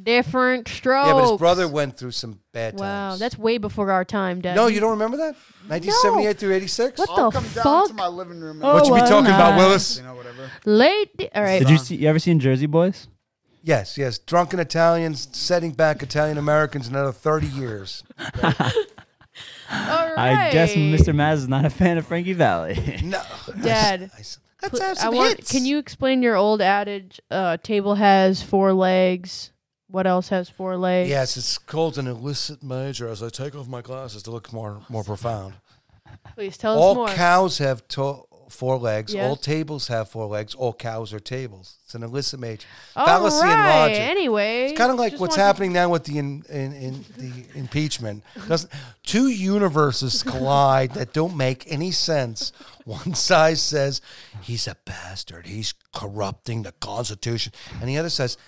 [SPEAKER 1] different strokes.
[SPEAKER 3] Yeah, but his brother went through some bad times.
[SPEAKER 1] Wow, that's way before our time, Dad.
[SPEAKER 3] No, you don't remember that? 1978 through 86?
[SPEAKER 1] What
[SPEAKER 4] I'll
[SPEAKER 1] the
[SPEAKER 4] come down
[SPEAKER 1] fuck?
[SPEAKER 4] to my living room.
[SPEAKER 1] Oh,
[SPEAKER 4] and-
[SPEAKER 3] What you be
[SPEAKER 1] well,
[SPEAKER 3] talking about,
[SPEAKER 1] nah.
[SPEAKER 3] Willis?
[SPEAKER 4] You know, whatever.
[SPEAKER 1] Late. di- All right.
[SPEAKER 2] Did you see? You ever seen Jersey Boys?
[SPEAKER 3] Yes, yes. Drunken Italians setting back Italian Americans another 30 years.
[SPEAKER 1] All right.
[SPEAKER 2] I guess Mr. Maz is not a fan of Frankie Valley.
[SPEAKER 3] No.
[SPEAKER 1] Dad.
[SPEAKER 3] I s-
[SPEAKER 1] Pl-
[SPEAKER 3] Let's have
[SPEAKER 1] I
[SPEAKER 3] some
[SPEAKER 1] want-
[SPEAKER 3] hits.
[SPEAKER 1] Can you explain your old adage? Uh, table has four legs. What else has four legs?
[SPEAKER 3] Yes, it's called an illicit major as I take off my glasses to look more more profound.
[SPEAKER 1] Please tell us
[SPEAKER 3] All
[SPEAKER 1] more.
[SPEAKER 3] cows have to- four legs.
[SPEAKER 1] Yes.
[SPEAKER 3] All tables have four legs. All cows are tables. It's an illicit major.
[SPEAKER 1] All
[SPEAKER 3] Fallacy
[SPEAKER 1] right,
[SPEAKER 3] and logic.
[SPEAKER 1] Anyway,
[SPEAKER 3] It's kind of like
[SPEAKER 1] just
[SPEAKER 3] what's
[SPEAKER 1] wanted-
[SPEAKER 3] happening now with the in, in, in the impeachment. Doesn't two universes collide that don't make any sense? One side says he's a bastard, he's corrupting the Constitution, and the other says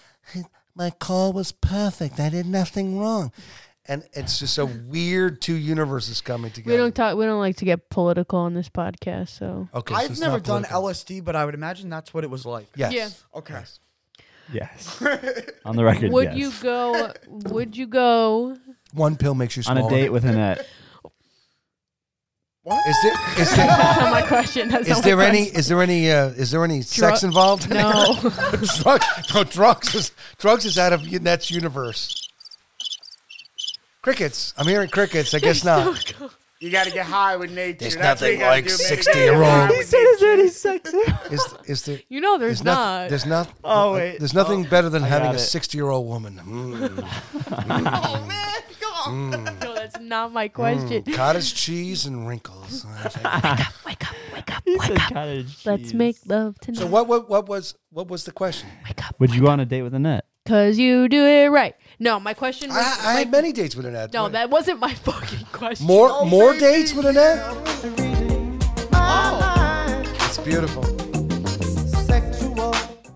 [SPEAKER 3] my call was perfect, I did nothing wrong, and it's just a weird two universes coming
[SPEAKER 1] We
[SPEAKER 3] together.
[SPEAKER 1] don't talk. We don't like to get political on this podcast. So
[SPEAKER 3] okay, so
[SPEAKER 4] I've
[SPEAKER 3] it's
[SPEAKER 4] never
[SPEAKER 3] not
[SPEAKER 4] done
[SPEAKER 3] political.
[SPEAKER 4] LSD, but I would imagine that's what it was like.
[SPEAKER 3] Yes.
[SPEAKER 1] Yeah.
[SPEAKER 4] Okay.
[SPEAKER 2] yes. On the record,
[SPEAKER 1] would
[SPEAKER 2] yes.
[SPEAKER 1] you go? Would you go?
[SPEAKER 3] one pill makes you
[SPEAKER 2] on
[SPEAKER 3] smaller.
[SPEAKER 2] a date with Annette?
[SPEAKER 4] What?
[SPEAKER 3] Is there is there,
[SPEAKER 1] That's not my question. That's
[SPEAKER 3] is
[SPEAKER 1] not my
[SPEAKER 3] there any
[SPEAKER 1] question.
[SPEAKER 3] is there any uh, is there any sex
[SPEAKER 1] Dru-
[SPEAKER 3] involved?
[SPEAKER 1] No.
[SPEAKER 3] drugs, no, drugs is drugs is out of Nets universe. Crickets. I'm hearing crickets. I guess not.
[SPEAKER 4] You got to get high with nature.
[SPEAKER 3] There's
[SPEAKER 4] That's what you
[SPEAKER 3] nothing
[SPEAKER 4] gotta
[SPEAKER 3] like
[SPEAKER 4] do, man.
[SPEAKER 3] 60-year-old.
[SPEAKER 4] Get high with nature.
[SPEAKER 2] there any sex?
[SPEAKER 3] Is is there?
[SPEAKER 1] you know, there's,
[SPEAKER 3] There's
[SPEAKER 1] not.
[SPEAKER 3] nothing. There's not.
[SPEAKER 2] Oh, wait.
[SPEAKER 3] There's nothing better than having
[SPEAKER 2] got
[SPEAKER 3] a
[SPEAKER 2] it.
[SPEAKER 3] 60 year old woman. Mm.
[SPEAKER 1] oh man, come on. No, that's not my question.
[SPEAKER 3] Mm. Cottage cheese and wrinkles.
[SPEAKER 1] Wake up, wake up,
[SPEAKER 2] He said cottage
[SPEAKER 1] Let's
[SPEAKER 2] cheese.
[SPEAKER 1] make love tonight.
[SPEAKER 3] so what, what what was what was the question?
[SPEAKER 1] Wake up.
[SPEAKER 2] Would you go on a date with Annette?
[SPEAKER 1] Cause you do it right. No, my question was
[SPEAKER 3] I, I
[SPEAKER 1] like,
[SPEAKER 3] had many dates with Annette.
[SPEAKER 1] No, that wasn't my fucking question.
[SPEAKER 3] more more dates with Annette.
[SPEAKER 4] Oh.
[SPEAKER 3] It's beautiful.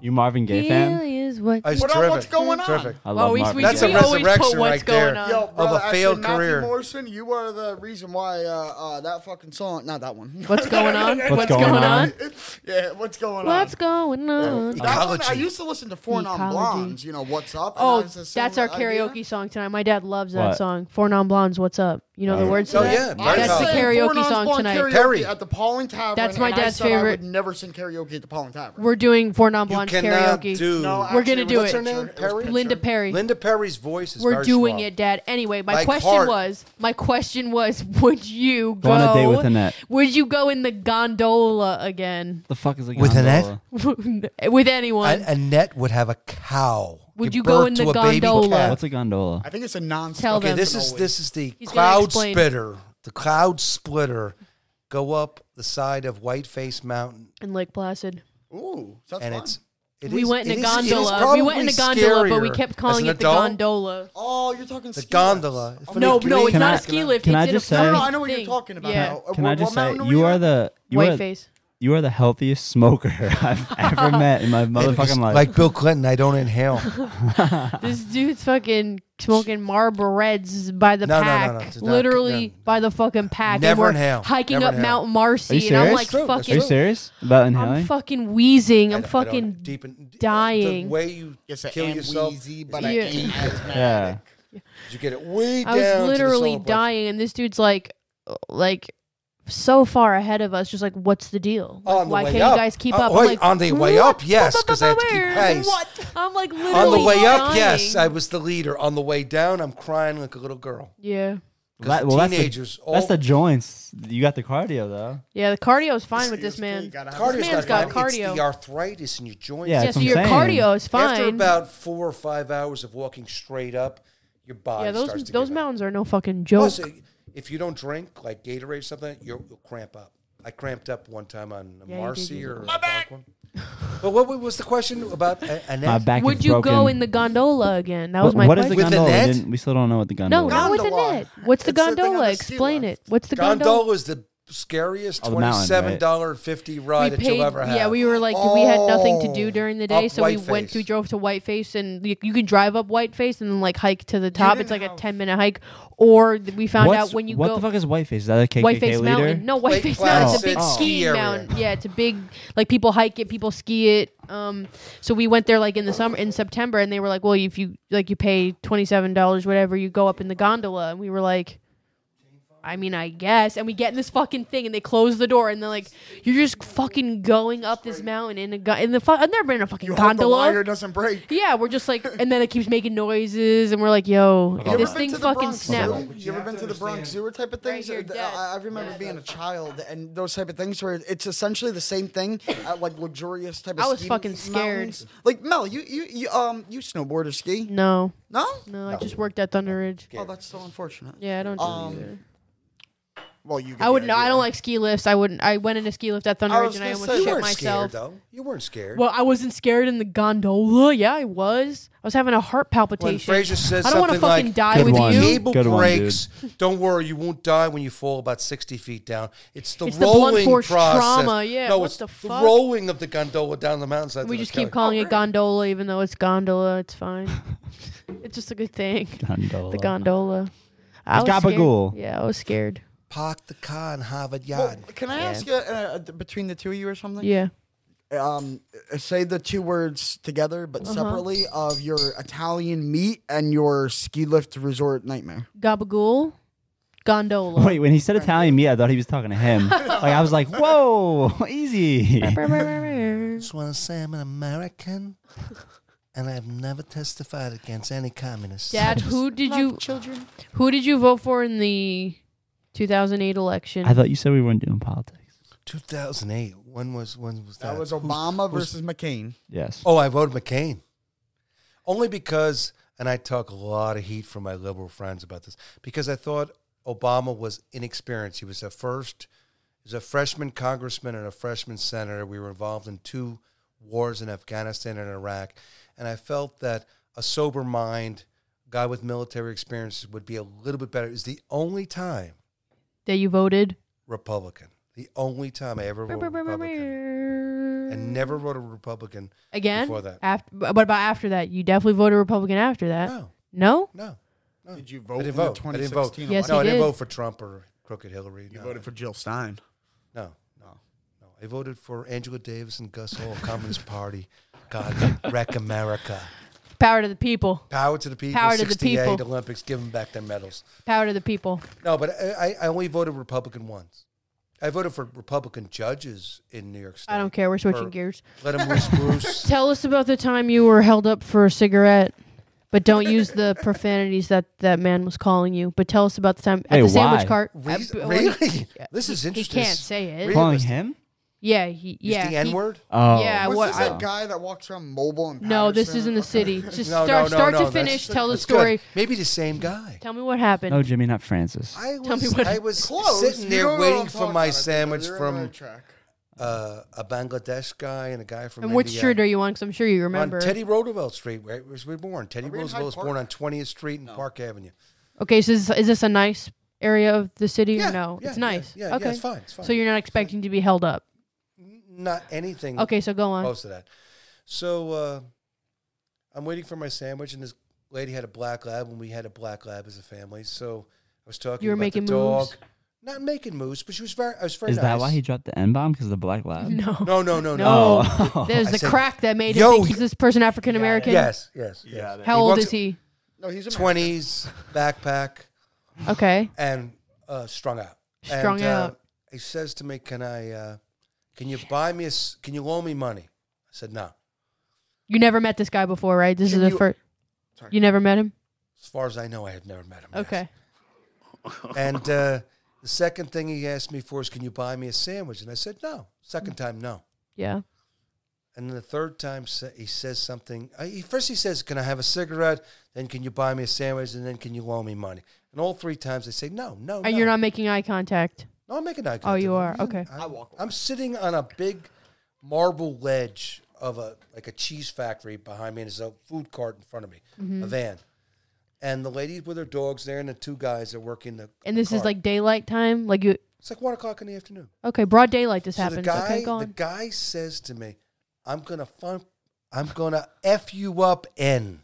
[SPEAKER 2] You Marvin Gaye fan?
[SPEAKER 1] Really is what.
[SPEAKER 3] It's
[SPEAKER 4] What up,
[SPEAKER 3] terrific.
[SPEAKER 4] what's going on?
[SPEAKER 3] Terrific.
[SPEAKER 2] I
[SPEAKER 1] Well,
[SPEAKER 2] love
[SPEAKER 1] we,
[SPEAKER 2] Marvin
[SPEAKER 1] we,
[SPEAKER 3] That's
[SPEAKER 2] Gaye.
[SPEAKER 1] we
[SPEAKER 3] a
[SPEAKER 1] always
[SPEAKER 3] resurrection
[SPEAKER 1] put what's
[SPEAKER 3] right there.
[SPEAKER 1] going on.
[SPEAKER 4] Yo, brother, actually,
[SPEAKER 3] failed
[SPEAKER 4] Matthew
[SPEAKER 3] career.
[SPEAKER 4] Morrison, you are the reason why uh, uh, that fucking song, not that one.
[SPEAKER 1] What's going on? What's,
[SPEAKER 2] going on?
[SPEAKER 4] yeah, what's going on?
[SPEAKER 1] What's going on?
[SPEAKER 4] That one, I
[SPEAKER 3] Ecology.
[SPEAKER 4] used to listen to Four Non
[SPEAKER 1] Ecology.
[SPEAKER 4] Blondes. You know what's up? and
[SPEAKER 1] Oh,
[SPEAKER 4] I was the same
[SPEAKER 1] that's our
[SPEAKER 4] idea.
[SPEAKER 1] karaoke song tonight. My dad loves that
[SPEAKER 2] What?
[SPEAKER 1] song. Four non blondes, what's up? You know the words to
[SPEAKER 3] oh,
[SPEAKER 1] that?
[SPEAKER 3] yeah, very
[SPEAKER 1] that's the
[SPEAKER 3] solid.
[SPEAKER 1] karaoke
[SPEAKER 4] Four Non
[SPEAKER 1] song
[SPEAKER 4] Blonde
[SPEAKER 1] tonight.
[SPEAKER 4] karaoke
[SPEAKER 3] Terry.
[SPEAKER 4] at the Pauling Tavern.
[SPEAKER 1] That's my
[SPEAKER 4] and I
[SPEAKER 1] dad's
[SPEAKER 4] said I
[SPEAKER 1] favorite-
[SPEAKER 4] would never sing karaoke at the Pauling Tavern.
[SPEAKER 1] We're doing Four non
[SPEAKER 3] You
[SPEAKER 1] blondes
[SPEAKER 3] cannot
[SPEAKER 1] karaoke.
[SPEAKER 3] do.
[SPEAKER 4] No,
[SPEAKER 1] We're
[SPEAKER 4] actually,
[SPEAKER 1] gonna do
[SPEAKER 4] what's
[SPEAKER 1] it.
[SPEAKER 4] her name?
[SPEAKER 3] What's her name?
[SPEAKER 4] Perry?
[SPEAKER 1] Linda Perry.
[SPEAKER 3] Linda Perry's voice is.
[SPEAKER 1] We're
[SPEAKER 3] very
[SPEAKER 1] doing
[SPEAKER 3] strong.
[SPEAKER 1] it, Dad. Anyway, my
[SPEAKER 3] Like
[SPEAKER 1] question
[SPEAKER 3] heart.
[SPEAKER 1] was, my question was, would you go,
[SPEAKER 2] Go on a date with Annette.
[SPEAKER 1] Would you go in the gondola again
[SPEAKER 2] The fuck is a
[SPEAKER 3] With
[SPEAKER 2] gondola?
[SPEAKER 3] Annette?
[SPEAKER 1] with anyone?
[SPEAKER 3] An- Annette would have a cow.
[SPEAKER 1] Would
[SPEAKER 3] Give
[SPEAKER 1] you go
[SPEAKER 3] birth
[SPEAKER 1] in
[SPEAKER 3] to
[SPEAKER 1] the
[SPEAKER 3] a baby
[SPEAKER 1] gondola?
[SPEAKER 3] cat.
[SPEAKER 2] What's a gondola?
[SPEAKER 4] I think it's a non.
[SPEAKER 1] Tell
[SPEAKER 4] okay,
[SPEAKER 1] them.
[SPEAKER 4] This
[SPEAKER 3] This is this is the
[SPEAKER 1] He's gonna
[SPEAKER 3] cloud
[SPEAKER 1] explain.
[SPEAKER 3] splitter. The cloud splitter. Go up the side of Whiteface Mountain,
[SPEAKER 1] in Lake Placid.
[SPEAKER 4] Ooh, sounds
[SPEAKER 3] and
[SPEAKER 4] fun.
[SPEAKER 3] it's. it
[SPEAKER 1] We
[SPEAKER 3] is-
[SPEAKER 1] went in
[SPEAKER 3] it
[SPEAKER 1] a
[SPEAKER 3] is- it is
[SPEAKER 1] gondola. We went in a
[SPEAKER 3] probably
[SPEAKER 1] gondola, but we
[SPEAKER 3] scarier
[SPEAKER 1] kept
[SPEAKER 3] as
[SPEAKER 1] calling
[SPEAKER 3] an
[SPEAKER 1] it the
[SPEAKER 3] adult.
[SPEAKER 1] gondola.
[SPEAKER 4] Oh, you're talking
[SPEAKER 3] The
[SPEAKER 4] ski
[SPEAKER 3] gondola.
[SPEAKER 4] lift.
[SPEAKER 3] From
[SPEAKER 1] No,
[SPEAKER 3] the
[SPEAKER 1] no, it's
[SPEAKER 3] Greek-
[SPEAKER 1] not
[SPEAKER 2] I-
[SPEAKER 1] a ski lift.
[SPEAKER 2] can
[SPEAKER 1] it's
[SPEAKER 2] I
[SPEAKER 1] in a
[SPEAKER 2] just say-
[SPEAKER 4] No,
[SPEAKER 1] fucking
[SPEAKER 4] no, I know what you're
[SPEAKER 1] thing.
[SPEAKER 4] talking about.
[SPEAKER 1] Yeah.
[SPEAKER 4] Uh,
[SPEAKER 2] Can
[SPEAKER 4] what
[SPEAKER 2] I just say
[SPEAKER 4] mountain were
[SPEAKER 2] you
[SPEAKER 4] you
[SPEAKER 2] are
[SPEAKER 4] at?
[SPEAKER 2] the you
[SPEAKER 1] White
[SPEAKER 2] are,
[SPEAKER 1] face.
[SPEAKER 2] you are the healthiest smoker I've ever met in my
[SPEAKER 3] It's
[SPEAKER 2] motherfucking life.
[SPEAKER 3] Like Bill Clinton, I don't inhale.
[SPEAKER 1] This dude's fucking smoking Marlboro Reds by the
[SPEAKER 3] No, no, no,
[SPEAKER 1] pack.
[SPEAKER 3] no, it's not-
[SPEAKER 1] Literally
[SPEAKER 3] no.
[SPEAKER 1] by the fucking pack.
[SPEAKER 3] Never
[SPEAKER 1] and we're
[SPEAKER 3] inhale.
[SPEAKER 1] Hiking
[SPEAKER 3] Never
[SPEAKER 1] up
[SPEAKER 3] inhale.
[SPEAKER 1] Mount Marcy.
[SPEAKER 2] Are you
[SPEAKER 1] and I'm
[SPEAKER 2] serious?
[SPEAKER 1] like
[SPEAKER 2] That's
[SPEAKER 3] true, that's
[SPEAKER 2] are you
[SPEAKER 1] fucking
[SPEAKER 3] true.
[SPEAKER 2] serious about
[SPEAKER 1] I'm
[SPEAKER 2] inhaling?
[SPEAKER 1] fucking wheezing.
[SPEAKER 3] I
[SPEAKER 1] I'm
[SPEAKER 3] don't- I
[SPEAKER 1] fucking
[SPEAKER 3] don't- deep in-
[SPEAKER 1] dying.
[SPEAKER 3] The way you
[SPEAKER 4] Yes, I
[SPEAKER 3] kill
[SPEAKER 4] am
[SPEAKER 3] yourself,
[SPEAKER 4] wheezy, but I
[SPEAKER 1] Yeah.
[SPEAKER 4] ain't asthmatic.
[SPEAKER 2] yeah.
[SPEAKER 3] you get it way down.
[SPEAKER 1] I
[SPEAKER 3] to
[SPEAKER 1] was
[SPEAKER 3] the
[SPEAKER 1] literally
[SPEAKER 3] solar plexus.
[SPEAKER 1] dying and this dude's like like so far ahead of us, just like what's the deal? Like,
[SPEAKER 3] On the
[SPEAKER 1] why
[SPEAKER 3] way
[SPEAKER 1] can't
[SPEAKER 3] up.
[SPEAKER 1] you guys keep
[SPEAKER 3] Uh,
[SPEAKER 1] up? I'm
[SPEAKER 3] wait,
[SPEAKER 1] like,
[SPEAKER 3] on the way
[SPEAKER 1] "What?
[SPEAKER 3] up, yes, 'cause I had to keep
[SPEAKER 1] Where?
[SPEAKER 3] pace."
[SPEAKER 1] What? I'm like literally
[SPEAKER 3] On the way up,
[SPEAKER 1] dying.
[SPEAKER 3] yes, I was the leader. On the way down, I'm crying like a little girl.
[SPEAKER 1] yeah.
[SPEAKER 3] 'Cause
[SPEAKER 2] That-
[SPEAKER 3] the
[SPEAKER 2] well, that's the-
[SPEAKER 3] teenagers. all,
[SPEAKER 2] That's the joints. You got the cardio though.
[SPEAKER 1] Yeah, the cardio is fine with
[SPEAKER 4] Excuse
[SPEAKER 1] this
[SPEAKER 4] me,
[SPEAKER 1] man.
[SPEAKER 4] gotta have
[SPEAKER 3] cardio's
[SPEAKER 1] This
[SPEAKER 3] not
[SPEAKER 1] man's got
[SPEAKER 3] fine. It's
[SPEAKER 1] cardio.
[SPEAKER 3] the arthritis in your joints.
[SPEAKER 2] Yeah,
[SPEAKER 1] Yeah,
[SPEAKER 2] That's
[SPEAKER 1] so
[SPEAKER 2] what I'm
[SPEAKER 1] your
[SPEAKER 2] saying.
[SPEAKER 1] cardio is fine.
[SPEAKER 3] After about four or five hours of walking straight up, your body
[SPEAKER 1] yeah,
[SPEAKER 3] starts
[SPEAKER 1] those
[SPEAKER 3] to
[SPEAKER 1] those
[SPEAKER 3] give out.
[SPEAKER 1] mountains are no fucking joke.
[SPEAKER 3] Plus, uh, if you don't drink like Gatorade or something, you'll, you'll cramp up. I cramped up one time on
[SPEAKER 1] you did,
[SPEAKER 3] Marcy
[SPEAKER 1] you
[SPEAKER 3] or a Algonquin. but what was the question about A- Annette?
[SPEAKER 2] My back
[SPEAKER 1] Would
[SPEAKER 2] is
[SPEAKER 1] you
[SPEAKER 2] broken.
[SPEAKER 1] go in the gondola again? That was
[SPEAKER 2] What-
[SPEAKER 1] my
[SPEAKER 2] what is
[SPEAKER 1] question.
[SPEAKER 2] the
[SPEAKER 3] With
[SPEAKER 2] gondola? We
[SPEAKER 3] Annette?
[SPEAKER 2] didn't- we still don't know what the gondola.
[SPEAKER 1] no,
[SPEAKER 2] is.
[SPEAKER 1] not with a
[SPEAKER 4] Gondola.
[SPEAKER 1] net. What's the
[SPEAKER 4] It's the thing on
[SPEAKER 1] gondola?
[SPEAKER 4] the sea
[SPEAKER 1] Explain
[SPEAKER 4] lift.
[SPEAKER 1] it. What's the gondola?
[SPEAKER 3] gondola is the scariest
[SPEAKER 2] Oh, the mountain,
[SPEAKER 3] twenty-seven
[SPEAKER 2] right?
[SPEAKER 3] dollar fifty ride that you'll ever have.
[SPEAKER 1] yeah, we were like we had nothing to
[SPEAKER 4] Oh.
[SPEAKER 1] do during the day,
[SPEAKER 3] Up
[SPEAKER 1] so we went.
[SPEAKER 3] Whiteface.
[SPEAKER 1] We drove to Whiteface, and you, you can drive up Whiteface and then like hike to the top.
[SPEAKER 4] didn't
[SPEAKER 1] It's like a
[SPEAKER 4] have-
[SPEAKER 1] ten minute hike. Or th- we found
[SPEAKER 2] What's-
[SPEAKER 1] out when you
[SPEAKER 2] what
[SPEAKER 1] go
[SPEAKER 2] the fuck is Whiteface? Is that a KKK
[SPEAKER 1] Whiteface
[SPEAKER 2] leader?
[SPEAKER 1] Mountain. No,
[SPEAKER 3] Lake
[SPEAKER 1] Whiteface Mountain. It's a
[SPEAKER 3] Placid
[SPEAKER 1] big
[SPEAKER 3] ski
[SPEAKER 1] skiing
[SPEAKER 3] area.
[SPEAKER 1] mountain. Yeah, it's a big like people hike it, people ski it. Um, so we went there like in the summer in September, and they were like, "Well, if you like, you pay twenty seven dollars, whatever, you go up in the gondola." And we were like. I mean, I guess. And we get in this fucking thing, and they close the door, and they're like, "You're just fucking going up this mountain in a gu- in the fu- I've never been in a fucking
[SPEAKER 4] You hope the
[SPEAKER 1] gondola."
[SPEAKER 4] wire doesn't break.
[SPEAKER 1] yeah, we're just like, and then it keeps making noises, and we're like, "Yo,
[SPEAKER 4] You ever
[SPEAKER 1] this
[SPEAKER 4] been
[SPEAKER 1] thing
[SPEAKER 4] to the
[SPEAKER 1] fucking
[SPEAKER 4] Bronx
[SPEAKER 1] snapped."
[SPEAKER 4] Zoo? You ever been to the Bronx Zoo type
[SPEAKER 1] Right
[SPEAKER 4] of things?
[SPEAKER 1] here,
[SPEAKER 4] Uh, th-
[SPEAKER 1] dead.
[SPEAKER 4] I, I remember
[SPEAKER 1] Yeah.
[SPEAKER 4] being a child and those type of things where it's essentially the same thing, at like luxurious type of.
[SPEAKER 1] I was
[SPEAKER 4] ski
[SPEAKER 1] fucking scared.
[SPEAKER 4] mountains. Like Mel, you, you you um you snowboard or ski?
[SPEAKER 1] No,
[SPEAKER 4] No.
[SPEAKER 1] no, I just worked at Thunder Ridge.
[SPEAKER 4] Oh, that's so unfortunate.
[SPEAKER 1] Yeah, I don't do
[SPEAKER 4] Um,
[SPEAKER 1] either.
[SPEAKER 4] Well, you. get
[SPEAKER 1] I
[SPEAKER 4] the
[SPEAKER 1] wouldn't. I
[SPEAKER 4] idea.
[SPEAKER 1] don't like ski lifts. I wouldn't. I went in a ski lift at Thunder
[SPEAKER 4] I
[SPEAKER 1] Ridge
[SPEAKER 4] was
[SPEAKER 1] and I
[SPEAKER 4] gonna
[SPEAKER 1] almost
[SPEAKER 4] say,
[SPEAKER 3] You
[SPEAKER 4] shit
[SPEAKER 3] weren't
[SPEAKER 1] shit myself.
[SPEAKER 3] scared though. You weren't scared.
[SPEAKER 1] well, I wasn't scared in the gondola. Yeah, I was. I was having a heart
[SPEAKER 3] when
[SPEAKER 1] palpitation.
[SPEAKER 3] Frazier says
[SPEAKER 1] I don't want to
[SPEAKER 3] something
[SPEAKER 1] fucking
[SPEAKER 3] like,
[SPEAKER 1] die
[SPEAKER 2] Good
[SPEAKER 1] with
[SPEAKER 2] one.
[SPEAKER 1] you.
[SPEAKER 3] cable
[SPEAKER 2] Good one,
[SPEAKER 3] breaks. Don't worry, you won't die when you fall about sixty feet down. It's the
[SPEAKER 1] It's the blunt
[SPEAKER 3] rolling
[SPEAKER 1] force
[SPEAKER 3] process.
[SPEAKER 1] trauma, yeah,
[SPEAKER 3] no,
[SPEAKER 1] what
[SPEAKER 3] it's
[SPEAKER 1] the
[SPEAKER 3] the,
[SPEAKER 1] fuck?
[SPEAKER 3] rolling of the gondola down the mountainside.
[SPEAKER 1] We
[SPEAKER 3] to
[SPEAKER 1] just
[SPEAKER 3] the
[SPEAKER 1] keep
[SPEAKER 3] Kelly.
[SPEAKER 4] Oh,
[SPEAKER 1] calling it gondola, even though it's gondola. It's fine. it's just a good thing.
[SPEAKER 2] Gondola.
[SPEAKER 1] The gondola. I
[SPEAKER 2] It's
[SPEAKER 1] was scared.
[SPEAKER 2] gabagool.
[SPEAKER 1] Yeah, I was scared.
[SPEAKER 3] Park the car in Harvard
[SPEAKER 4] Well,
[SPEAKER 3] Yard.
[SPEAKER 4] can I ask you uh, th- between the two of you or something?
[SPEAKER 1] Yeah.
[SPEAKER 4] Um, uh, say the two words together but
[SPEAKER 1] Uh-huh.
[SPEAKER 4] separately of your Italian meat and your ski lift resort nightmare.
[SPEAKER 1] Gabagool. Gondola.
[SPEAKER 2] Wait, when he said Italian meat, I thought he was talking to him. like I was like, whoa, easy.
[SPEAKER 3] just want to say I'm an American, and I've never testified against any communists.
[SPEAKER 1] Dad, who did you
[SPEAKER 4] children?
[SPEAKER 1] who did you vote for in the 2008 election?
[SPEAKER 2] I thought you said we weren't doing politics.
[SPEAKER 3] 2008. When was when was that?
[SPEAKER 4] That was
[SPEAKER 3] Who's-
[SPEAKER 4] Obama
[SPEAKER 3] who's-
[SPEAKER 4] versus McCain.
[SPEAKER 2] Yes.
[SPEAKER 3] Oh, I voted McCain. Only because, and I took a lot of heat from my liberal friends about this, because I thought Obama was inexperienced. He was a first, he was a freshman congressman and a freshman senator. We were involved in two wars in Afghanistan and Iraq. And I felt that a sober mind, guy with military experience would be a little bit better. It was the only time
[SPEAKER 1] that you voted.
[SPEAKER 3] Republican. The only time I ever voted Republican. I
[SPEAKER 1] And
[SPEAKER 3] never wrote a Republican.
[SPEAKER 1] Again?
[SPEAKER 3] before that.
[SPEAKER 1] After, but about after that? You definitely voted Republican after that.
[SPEAKER 3] No,
[SPEAKER 1] No?
[SPEAKER 3] no. no.
[SPEAKER 4] Did you
[SPEAKER 3] I
[SPEAKER 4] vote
[SPEAKER 3] didn't
[SPEAKER 4] in the
[SPEAKER 3] vote. I didn't vote.
[SPEAKER 4] 2016
[SPEAKER 1] Yes,
[SPEAKER 3] no,
[SPEAKER 4] election?
[SPEAKER 1] he
[SPEAKER 3] I didn't
[SPEAKER 1] did.
[SPEAKER 3] vote for Trump or Crooked Hillary.
[SPEAKER 4] You
[SPEAKER 3] no.
[SPEAKER 4] voted for Jill Stein.
[SPEAKER 3] No, no, no. I voted for Angela Davis and Gus Hall, Communist Party. God, wreck America.
[SPEAKER 1] Power to the people.
[SPEAKER 3] Power to the people.
[SPEAKER 1] Power to the
[SPEAKER 3] 68
[SPEAKER 1] people.
[SPEAKER 3] Olympics, give them back their medals.
[SPEAKER 1] Power to the people.
[SPEAKER 3] No, but I, I I only voted Republican once. I voted for Republican judges in New York State.
[SPEAKER 1] I don't care. We're switching
[SPEAKER 3] Or
[SPEAKER 1] gears.
[SPEAKER 3] Let them loose, Bruce.
[SPEAKER 1] Tell us about the time you were held up for a cigarette, but don't use the profanities that that man was calling you. But tell us about the time at
[SPEAKER 2] Hey,
[SPEAKER 1] the sandwich
[SPEAKER 2] why?
[SPEAKER 1] cart.
[SPEAKER 3] Re-
[SPEAKER 1] at- well,
[SPEAKER 3] really?
[SPEAKER 1] yeah,
[SPEAKER 3] This
[SPEAKER 1] he-
[SPEAKER 3] is
[SPEAKER 1] He
[SPEAKER 3] interesting.
[SPEAKER 1] can't say it.
[SPEAKER 3] Really?
[SPEAKER 2] Calling him?
[SPEAKER 1] Yeah. He,
[SPEAKER 3] Use
[SPEAKER 1] yeah.
[SPEAKER 3] the
[SPEAKER 1] he-
[SPEAKER 3] N word?
[SPEAKER 2] Oh.
[SPEAKER 1] Yeah,
[SPEAKER 4] Was
[SPEAKER 1] what-
[SPEAKER 4] this
[SPEAKER 1] I-
[SPEAKER 4] that guy that walks around mobile and
[SPEAKER 1] No, this
[SPEAKER 4] Patterson?
[SPEAKER 1] is in the
[SPEAKER 4] Okay.
[SPEAKER 1] city. Just
[SPEAKER 3] No,
[SPEAKER 1] start,
[SPEAKER 3] no, no,
[SPEAKER 1] start
[SPEAKER 3] no,
[SPEAKER 1] to
[SPEAKER 3] that's-
[SPEAKER 1] finish. Tell the
[SPEAKER 3] that's
[SPEAKER 1] story.
[SPEAKER 3] good. Maybe the same guy.
[SPEAKER 1] Tell me what happened.
[SPEAKER 2] No, Jimmy, not Francis.
[SPEAKER 3] I was,
[SPEAKER 1] Tell me what-
[SPEAKER 3] I was
[SPEAKER 4] Close.
[SPEAKER 3] sitting
[SPEAKER 4] You
[SPEAKER 3] there
[SPEAKER 4] know what I'm
[SPEAKER 3] waiting for
[SPEAKER 4] talking
[SPEAKER 3] my
[SPEAKER 4] about, I think, though.
[SPEAKER 3] sandwich
[SPEAKER 4] You're on the
[SPEAKER 3] from
[SPEAKER 4] right track.
[SPEAKER 3] uh, a Bangladesh guy and a guy from
[SPEAKER 1] and which
[SPEAKER 3] India.
[SPEAKER 1] street are you on? Because I'm sure you remember.
[SPEAKER 3] On Teddy Roosevelt Street, where we were born. Teddy
[SPEAKER 4] Are we in
[SPEAKER 3] Roosevelt was
[SPEAKER 4] Hyde
[SPEAKER 3] born on
[SPEAKER 4] Park?
[SPEAKER 3] 20th Street and Park Avenue.
[SPEAKER 1] Okay, so is, is this a nice area of the city
[SPEAKER 3] Yeah,
[SPEAKER 1] or no?
[SPEAKER 3] yeah,
[SPEAKER 1] it's nice.
[SPEAKER 3] yeah, yeah,
[SPEAKER 1] okay.
[SPEAKER 3] it's fine, it's fine.
[SPEAKER 1] So you're not expecting to be held up.
[SPEAKER 3] Not anything
[SPEAKER 1] Okay, so go on.
[SPEAKER 3] close to that. So uh, I'm waiting for my sandwich, and this lady had a black lab, and we had a black lab as a family. So I was talking
[SPEAKER 1] You were
[SPEAKER 3] about
[SPEAKER 1] making
[SPEAKER 3] the dog.
[SPEAKER 1] moves?
[SPEAKER 3] Not making moves, but she was very, I was very
[SPEAKER 2] Is that
[SPEAKER 3] nice.
[SPEAKER 2] why he dropped the N bomb? Because the black lab?
[SPEAKER 1] No.
[SPEAKER 3] Oh, No, no, no,
[SPEAKER 1] No.
[SPEAKER 3] no.
[SPEAKER 2] Oh.
[SPEAKER 1] There's
[SPEAKER 3] I
[SPEAKER 1] the
[SPEAKER 3] said-
[SPEAKER 1] crack that made
[SPEAKER 3] Yo,
[SPEAKER 1] him think he's this person African American.
[SPEAKER 3] Yes, yes. yes.
[SPEAKER 1] How old
[SPEAKER 3] walks-
[SPEAKER 1] is he?
[SPEAKER 4] No, he's a
[SPEAKER 3] 20s, backpack.
[SPEAKER 1] Okay.
[SPEAKER 3] and uh, strung out.
[SPEAKER 1] Strung
[SPEAKER 3] and, Uh,
[SPEAKER 1] out.
[SPEAKER 3] he says to me, "Can I? Uh, can you buy me? A, s- can you loan me money?" I said, "No."
[SPEAKER 1] You never met this guy before, right? This is the
[SPEAKER 4] you-
[SPEAKER 1] first.
[SPEAKER 4] Sorry.
[SPEAKER 1] You never met him?
[SPEAKER 3] As far as I know, I have never met him. yes.
[SPEAKER 1] Okay.
[SPEAKER 3] And uh, the second thing he asked me for is, "Can you buy me a sandwich?" And I said, "No."
[SPEAKER 1] Mm.
[SPEAKER 3] Second time, no.
[SPEAKER 1] Yeah.
[SPEAKER 3] And then the third time, sa- he says something. Uh, he, first, he says, "Can I have a cigarette?" Then, "Can you buy me a sandwich?" And then, "Can you loan me money?" And all three times, they say, "No, no."
[SPEAKER 1] And
[SPEAKER 3] Oh, no.
[SPEAKER 1] you're not making eye contact.
[SPEAKER 3] No, I'm making eye contact.
[SPEAKER 1] Oh, you are?
[SPEAKER 3] I'm-
[SPEAKER 1] Okay.
[SPEAKER 3] I'm,
[SPEAKER 4] I walk away.
[SPEAKER 3] I'm sitting on a big marble ledge of a like a cheese factory behind me, and there's a food cart in front of me,
[SPEAKER 1] Mm-hmm.
[SPEAKER 3] a van, and the ladies with their dogs there, and the two guys are working the.
[SPEAKER 1] And this is
[SPEAKER 3] cart.
[SPEAKER 1] like daylight time? Like you
[SPEAKER 3] It's like one o'clock in the afternoon.
[SPEAKER 1] Okay, broad daylight this
[SPEAKER 3] So the
[SPEAKER 1] happens.
[SPEAKER 3] guy,
[SPEAKER 1] okay, go
[SPEAKER 3] the
[SPEAKER 1] on.
[SPEAKER 3] guy says to me, "I'm gonna fun, I'm gonna f you up, n."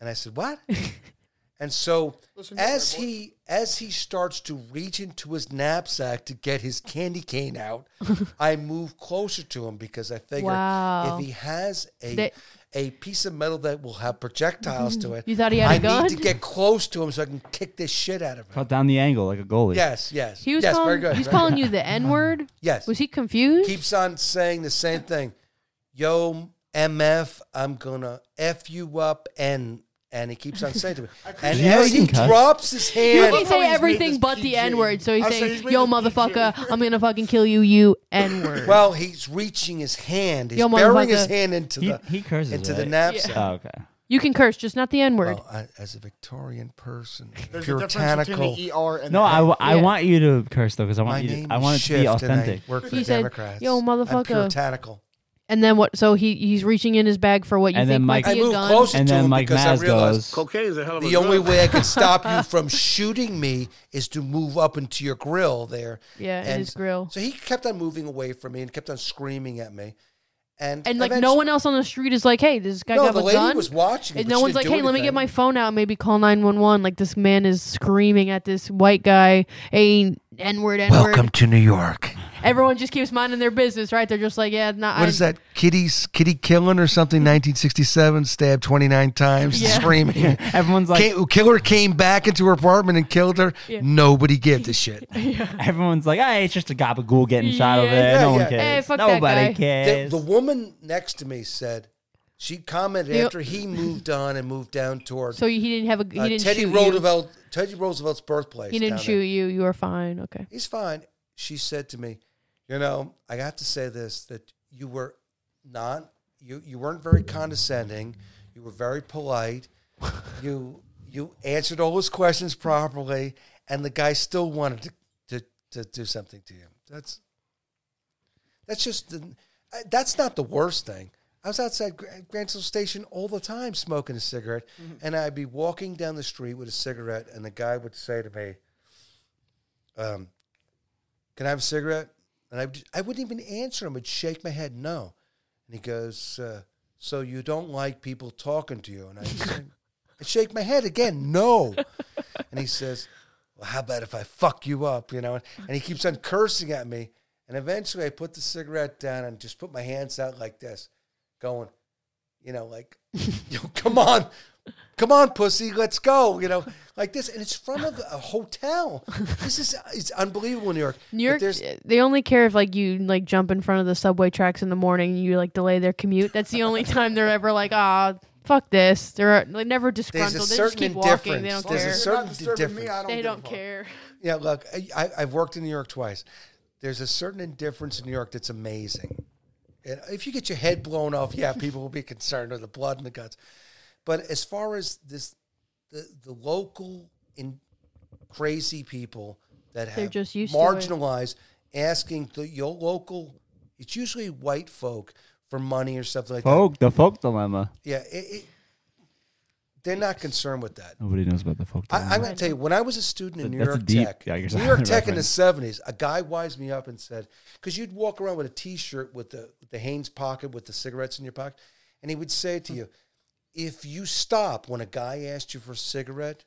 [SPEAKER 3] And I said, "What?" and so, as he as he starts to reach into his knapsack to get his candy cane out, I move closer to him because I figure
[SPEAKER 1] Wow.
[SPEAKER 3] if he has a
[SPEAKER 1] They-
[SPEAKER 3] a piece of metal that will have projectiles to it,
[SPEAKER 1] You thought he had a
[SPEAKER 3] I
[SPEAKER 1] gun?
[SPEAKER 3] need to get close to him so I can kick this shit out of him.
[SPEAKER 2] Cut down the angle like a goalie.
[SPEAKER 3] Yes, yes,
[SPEAKER 1] He was
[SPEAKER 3] yes,
[SPEAKER 1] calling,
[SPEAKER 3] very good.
[SPEAKER 1] he's
[SPEAKER 3] very
[SPEAKER 1] calling you the N word.
[SPEAKER 3] Yes.
[SPEAKER 1] Was he confused?
[SPEAKER 3] keeps on saying the same thing. Yo, MF, I'm gonna F you up and and he keeps on saying to me. And
[SPEAKER 2] Yeah,
[SPEAKER 3] as
[SPEAKER 2] he
[SPEAKER 3] he
[SPEAKER 2] can cuss.
[SPEAKER 3] drops his
[SPEAKER 1] You
[SPEAKER 3] hand,
[SPEAKER 1] can
[SPEAKER 4] he's
[SPEAKER 1] say
[SPEAKER 4] made
[SPEAKER 1] everything
[SPEAKER 4] this
[SPEAKER 1] but the
[SPEAKER 4] PG.
[SPEAKER 1] N word.
[SPEAKER 3] Oh,
[SPEAKER 1] So he's
[SPEAKER 4] I'll say
[SPEAKER 1] saying,
[SPEAKER 4] he's made
[SPEAKER 1] "Yo,
[SPEAKER 4] this
[SPEAKER 1] motherfucker, I'm gonna fucking kill you, you N word."
[SPEAKER 3] well, he's reaching his hand, he's
[SPEAKER 1] Yo,
[SPEAKER 3] burying his
[SPEAKER 1] motherfucker.
[SPEAKER 3] hand into
[SPEAKER 2] He,
[SPEAKER 3] the
[SPEAKER 2] he curses.
[SPEAKER 3] into the
[SPEAKER 2] right?
[SPEAKER 3] knapsack.
[SPEAKER 2] Oh, okay.
[SPEAKER 1] you can curse, just not the N word.
[SPEAKER 3] Well, I, as a Victorian person,
[SPEAKER 4] There's a difference
[SPEAKER 3] puritanical,
[SPEAKER 4] between the ER and
[SPEAKER 2] No,
[SPEAKER 4] the
[SPEAKER 2] I, w- I
[SPEAKER 1] Yeah.
[SPEAKER 2] want you to curse though, because I
[SPEAKER 3] my
[SPEAKER 2] want you.
[SPEAKER 3] name
[SPEAKER 2] To, I want
[SPEAKER 3] is
[SPEAKER 2] it to be
[SPEAKER 3] Shift and I
[SPEAKER 2] authentic.
[SPEAKER 3] work for
[SPEAKER 1] He
[SPEAKER 3] the
[SPEAKER 1] said,
[SPEAKER 3] Democrats.
[SPEAKER 1] "Yo,
[SPEAKER 3] I'm
[SPEAKER 1] motherfucker."
[SPEAKER 3] puritanical.
[SPEAKER 1] and then what? So he he's reaching in his bag for what you
[SPEAKER 2] And
[SPEAKER 1] think
[SPEAKER 2] then
[SPEAKER 1] might
[SPEAKER 2] Mike-
[SPEAKER 3] I
[SPEAKER 1] be a
[SPEAKER 3] move
[SPEAKER 1] gun.
[SPEAKER 3] closer
[SPEAKER 2] And
[SPEAKER 3] to
[SPEAKER 2] then
[SPEAKER 3] him
[SPEAKER 2] Mike
[SPEAKER 3] because
[SPEAKER 2] Maz
[SPEAKER 3] I realized
[SPEAKER 2] goes.
[SPEAKER 5] Cocaine's a hell of a
[SPEAKER 3] the only way I can stop you from shooting me is to move up into your grill there.
[SPEAKER 1] Yeah, in
[SPEAKER 3] And
[SPEAKER 1] his grill.
[SPEAKER 3] So he kept on moving away from me and kept on screaming at me. And
[SPEAKER 1] And like no
[SPEAKER 3] eventually-
[SPEAKER 1] one else on the street is like, "Hey, does this guy
[SPEAKER 3] No,
[SPEAKER 1] have
[SPEAKER 3] the
[SPEAKER 1] a
[SPEAKER 3] lady
[SPEAKER 1] gun?"
[SPEAKER 3] was watching.
[SPEAKER 1] And
[SPEAKER 3] but
[SPEAKER 1] no
[SPEAKER 3] she
[SPEAKER 1] one's like,
[SPEAKER 3] didn't do
[SPEAKER 1] "Hey, let me get
[SPEAKER 3] anything.
[SPEAKER 1] my phone out. Maybe call 911." Like this man is screaming at this white guy, "Hey, N word, N word."
[SPEAKER 3] to New York.
[SPEAKER 1] Everyone just keeps minding their business, right? They're just like, "Yeah, not."
[SPEAKER 3] What is that? Kitty's Kitty Killen or something? 1967, stabbed 29 times,
[SPEAKER 1] Yeah.
[SPEAKER 3] screaming.
[SPEAKER 2] Everyone's like,
[SPEAKER 3] Ca- killer came back into her apartment and killed her.
[SPEAKER 1] Yeah.
[SPEAKER 3] Nobody gives a shit.
[SPEAKER 2] everyone's like, hey, it's just a gabagool getting shot over there.
[SPEAKER 3] Yeah,
[SPEAKER 2] no one
[SPEAKER 3] yeah.
[SPEAKER 2] cares.
[SPEAKER 1] Hey, fuck that
[SPEAKER 2] Nobody
[SPEAKER 1] guy.
[SPEAKER 3] the,
[SPEAKER 2] cares.
[SPEAKER 3] the woman next to me said, she commented
[SPEAKER 1] Yep.
[SPEAKER 3] after he moved on and moved down toward
[SPEAKER 1] So he didn't have a. He
[SPEAKER 3] uh,
[SPEAKER 1] didn't
[SPEAKER 3] Teddy
[SPEAKER 1] shoot
[SPEAKER 3] Roosevelt. Teddy Roosevelt's
[SPEAKER 1] you.
[SPEAKER 3] birthplace.
[SPEAKER 1] He didn't
[SPEAKER 3] down there.
[SPEAKER 1] shoot you. You are fine. Okay.
[SPEAKER 3] he's fine. She said to me, you know, I have to say this that you were not you you weren't very condescending. You were very polite. you you answered all his questions properly, and the guy still wanted to to, to do something to you. That's that's just the, I- that's not the worst thing. I was outside Gran- Grantsville Station all the time smoking a cigarette, and I'd be walking down the street with a cigarette, and the guy would say to me, um, "Can I have a cigarette?" And I, would, I wouldn't even answer him. I'd shake my head no. And he goes, uh, "So you don't like people talking to you?" And I I'd shake my head again, no. and he says, "Well, how about if I fuck you up?" You know, and he keeps on cursing at me. And eventually, I put the cigarette down and just put my hands out like this, going, you know, like, yo, come on, come on, pussy, let's go, you know, like this. And it's from a, a hotel. This is it's unbelievable, in New York.
[SPEAKER 1] New
[SPEAKER 3] But
[SPEAKER 1] York, eh,
[SPEAKER 3] there's-
[SPEAKER 1] they only care if like you like jump in front of the subway tracks in the morning and you like delay their commute. That's the only time they're ever like, ah, fuck this. They're they never
[SPEAKER 3] there's a
[SPEAKER 1] disgruntled. They just
[SPEAKER 3] certain
[SPEAKER 1] keep walking. They
[SPEAKER 3] indifference.
[SPEAKER 1] don't care.
[SPEAKER 3] There's a
[SPEAKER 4] You're not
[SPEAKER 3] certain
[SPEAKER 4] disturbing me,
[SPEAKER 3] indifference.
[SPEAKER 4] I don't
[SPEAKER 1] they
[SPEAKER 4] give a
[SPEAKER 1] don't
[SPEAKER 4] fuck.
[SPEAKER 1] care.
[SPEAKER 3] Yeah, look, I, I, I've worked in New York twice. There's a certain indifference in New York that's amazing. And if you get your head blown off, yeah, people will be concerned with the blood and the guts. But as far as this, the, the local in crazy people that have
[SPEAKER 1] just used to it.
[SPEAKER 3] marginalized asking the, your local, it's usually white folk for money or something like
[SPEAKER 2] folk, the folk dilemma.
[SPEAKER 3] that. Yeah, it, it, they're not concerned with that.
[SPEAKER 2] Nobody knows about the folk dilemma.
[SPEAKER 3] I, I'm going to tell you, when I was a student in New
[SPEAKER 2] That's a
[SPEAKER 3] York
[SPEAKER 2] deep-
[SPEAKER 3] Tech,
[SPEAKER 2] yeah, I guess
[SPEAKER 3] New
[SPEAKER 2] I
[SPEAKER 3] York
[SPEAKER 2] have a
[SPEAKER 3] Tech in the 70s, a guy wised me up and said, because you'd walk around with a t shirt with the, with the Hanes pocket, with the cigarettes in your pocket, and he would say to you, if you stop when a guy asked you for a cigarette,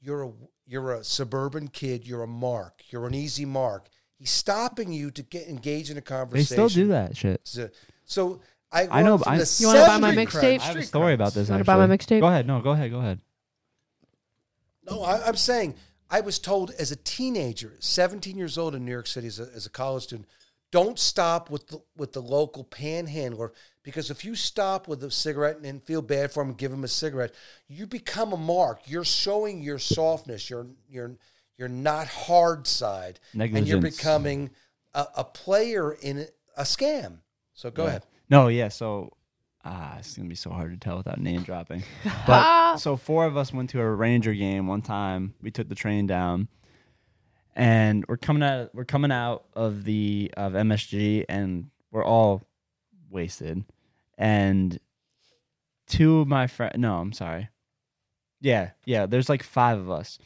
[SPEAKER 3] you're a, you're a suburban kid, you're a mark, you're an easy mark. He's stopping you to get engaged in a
[SPEAKER 2] they
[SPEAKER 3] conversation.
[SPEAKER 2] still do that shit.
[SPEAKER 3] So, so I,
[SPEAKER 2] I know,
[SPEAKER 3] learned
[SPEAKER 2] but
[SPEAKER 3] from
[SPEAKER 2] I-
[SPEAKER 3] the
[SPEAKER 1] You wanna buy my
[SPEAKER 3] 70s.
[SPEAKER 1] mixtape?
[SPEAKER 2] I have a story about this.
[SPEAKER 1] Wanna buy my
[SPEAKER 2] actually.
[SPEAKER 1] mixtape?
[SPEAKER 2] Go ahead. No, go ahead. Go ahead.
[SPEAKER 3] No, I, I'm saying I was told as a teenager, 17 years old in New York City as a, as a college student, don't stop with the, with the local panhandler because if you stop with a cigarette and, then feel bad for him and give him a cigarette, you become a mark. You're showing your softness, your your your not hard side, and you're
[SPEAKER 2] Negligence.
[SPEAKER 3] becoming a, a player in a scam. So go ahead.
[SPEAKER 2] No, yeah. So ah, it's gonna be so hard to tell without name dropping. But so four of us went to a Ranger game one time. We took the train down, and we're coming out. We're coming out of the of MSG, and we're all wasted. And two of my friends. No, I'm sorry. Yeah, yeah. There's like five of us.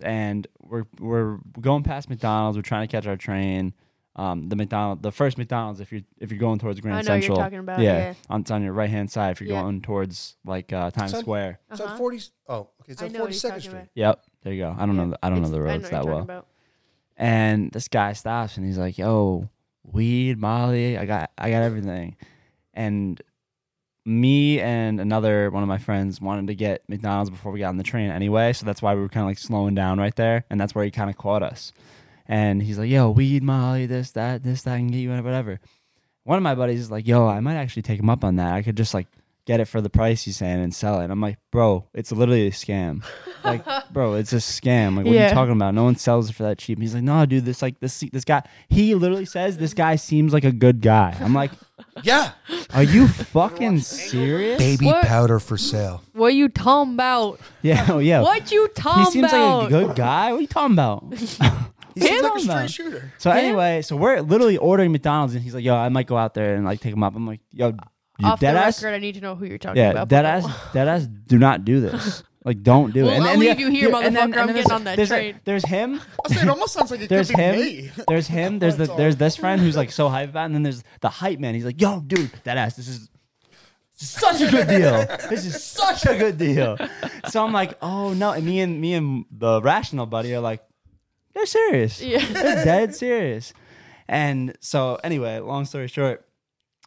[SPEAKER 2] and we're we're going past McDonald's. We're trying to catch our train. Um, the McDonald, the first McDonald's, if you're if you're going towards Grand
[SPEAKER 1] I know what Oh, you're
[SPEAKER 2] Central,
[SPEAKER 1] talking about, yeah.
[SPEAKER 2] On, it's on your right hand side. If you're
[SPEAKER 1] Yeah.
[SPEAKER 2] going towards like uh, Times
[SPEAKER 3] Sun-
[SPEAKER 2] Square,
[SPEAKER 3] It's on
[SPEAKER 1] Uh-huh.
[SPEAKER 3] 40. Oh, okay. It's
[SPEAKER 1] I
[SPEAKER 3] on
[SPEAKER 1] know what you're
[SPEAKER 3] 42nd
[SPEAKER 1] talking
[SPEAKER 3] Street.
[SPEAKER 1] about.
[SPEAKER 2] yep, there you go. I don't
[SPEAKER 1] Yeah.
[SPEAKER 2] know, th- I don't know
[SPEAKER 1] It's-
[SPEAKER 2] the
[SPEAKER 1] I
[SPEAKER 2] roads
[SPEAKER 1] what
[SPEAKER 2] that
[SPEAKER 1] you're
[SPEAKER 2] well.
[SPEAKER 1] talking about.
[SPEAKER 2] And this guy stops and he's like, "Yo, weed, Molly, I got, I got everything." And me and another one of my friends wanted to get McDonald's before we got on the train anyway, so that's why we were kind of like slowing down right there, and that's where he kind of caught us. And he's like, "Yo, weed, Molly, this, that, this, that, I can get you in whatever." One of my buddies is like, "Yo, I might actually take him up on that. I could just like." Get it for the price he's saying and sell it. And I'm like, bro, it's literally a scam. Like, bro, it's a scam. Like, what are
[SPEAKER 1] Yeah.
[SPEAKER 2] you talking about? No one sells it for that cheap. And he's like, no, dude, this like this this guy. He literally says this guy seems like a good guy. I'm like,
[SPEAKER 3] Yeah.
[SPEAKER 2] are you fucking serious?
[SPEAKER 3] Baby
[SPEAKER 1] What?
[SPEAKER 3] powder for sale.
[SPEAKER 1] What you talking about?
[SPEAKER 2] Yeah, oh, yeah.
[SPEAKER 1] What you
[SPEAKER 2] He
[SPEAKER 1] talking
[SPEAKER 2] seems
[SPEAKER 1] about?
[SPEAKER 2] like a good guy. What are you talking about?
[SPEAKER 3] He seems
[SPEAKER 2] Him
[SPEAKER 3] like
[SPEAKER 2] on
[SPEAKER 3] a straight
[SPEAKER 2] that.
[SPEAKER 3] shooter.
[SPEAKER 2] So
[SPEAKER 1] Him?
[SPEAKER 2] anyway, so we're literally ordering McDonald's, and he's like, "Yo, I might go out there and like take him up." I'm like, "Yo, you
[SPEAKER 1] Off
[SPEAKER 2] dead
[SPEAKER 1] the
[SPEAKER 2] ass,
[SPEAKER 1] record, I need to know who you're talking
[SPEAKER 2] yeah,
[SPEAKER 1] about.
[SPEAKER 2] dead ass, dead ass, do not do this. Like, don't do
[SPEAKER 1] Well,
[SPEAKER 2] it." And,
[SPEAKER 1] I'll
[SPEAKER 2] and the-
[SPEAKER 1] leave you here,
[SPEAKER 2] and then-
[SPEAKER 1] motherfucker.
[SPEAKER 2] and
[SPEAKER 1] I'm
[SPEAKER 2] then
[SPEAKER 1] getting
[SPEAKER 2] there's-
[SPEAKER 1] on that
[SPEAKER 2] there's
[SPEAKER 1] train.
[SPEAKER 2] there's him.
[SPEAKER 4] I say it almost sounds like it
[SPEAKER 2] There's
[SPEAKER 4] could be
[SPEAKER 2] him.
[SPEAKER 4] me.
[SPEAKER 2] There's him. There's the
[SPEAKER 4] That's all.
[SPEAKER 2] there's this friend who's like so hype about, it, and then there's the hype man. He's like, "Yo, dude, that ass. This is such a good deal. This is such a good deal." So I'm like, "Oh no!" And me and me and the rational buddy are like, "They're serious.
[SPEAKER 1] Yeah.
[SPEAKER 2] They're dead serious." And so anyway, long story short,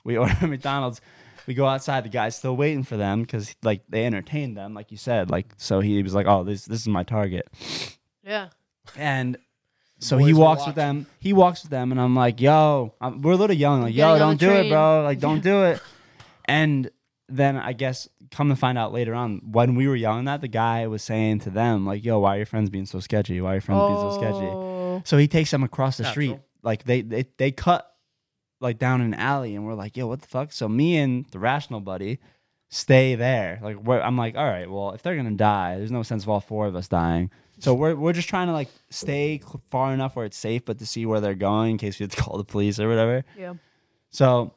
[SPEAKER 2] we order McDonald's. We go outside. The guy's still waiting for them because like they entertained them, like you said. Like so, he was like, "Oh, this this is my target."
[SPEAKER 1] yeah.
[SPEAKER 2] And so
[SPEAKER 4] Boys
[SPEAKER 2] he
[SPEAKER 4] were
[SPEAKER 2] walks with
[SPEAKER 4] watching.
[SPEAKER 2] them. He walks with them, and I'm like, "Yo, I'm, we're a little young. Like, yo,
[SPEAKER 1] Getting on
[SPEAKER 2] don't
[SPEAKER 1] the
[SPEAKER 2] do it,
[SPEAKER 1] train.
[SPEAKER 2] bro. Like, don't do it." And then I guess come to find out later on, when we were yelling that, the guy was saying to them, "Like, yo, why are your friends being so sketchy? Why are your friends being so sketchy?"
[SPEAKER 1] Oh.
[SPEAKER 2] So he takes them across the
[SPEAKER 4] Natural.
[SPEAKER 2] street. Like they, they they cut like down an alley, and we're like, "Yo, what the fuck?" So me and the rational buddy stay there. Like we're, I'm like, all right, well, if they're gonna die, there's no sense of all four of us dying. So we're we're just trying to like stay cl- far enough where it's safe, but to see where they're going in case we have to call the police or whatever.
[SPEAKER 1] Yeah.
[SPEAKER 2] So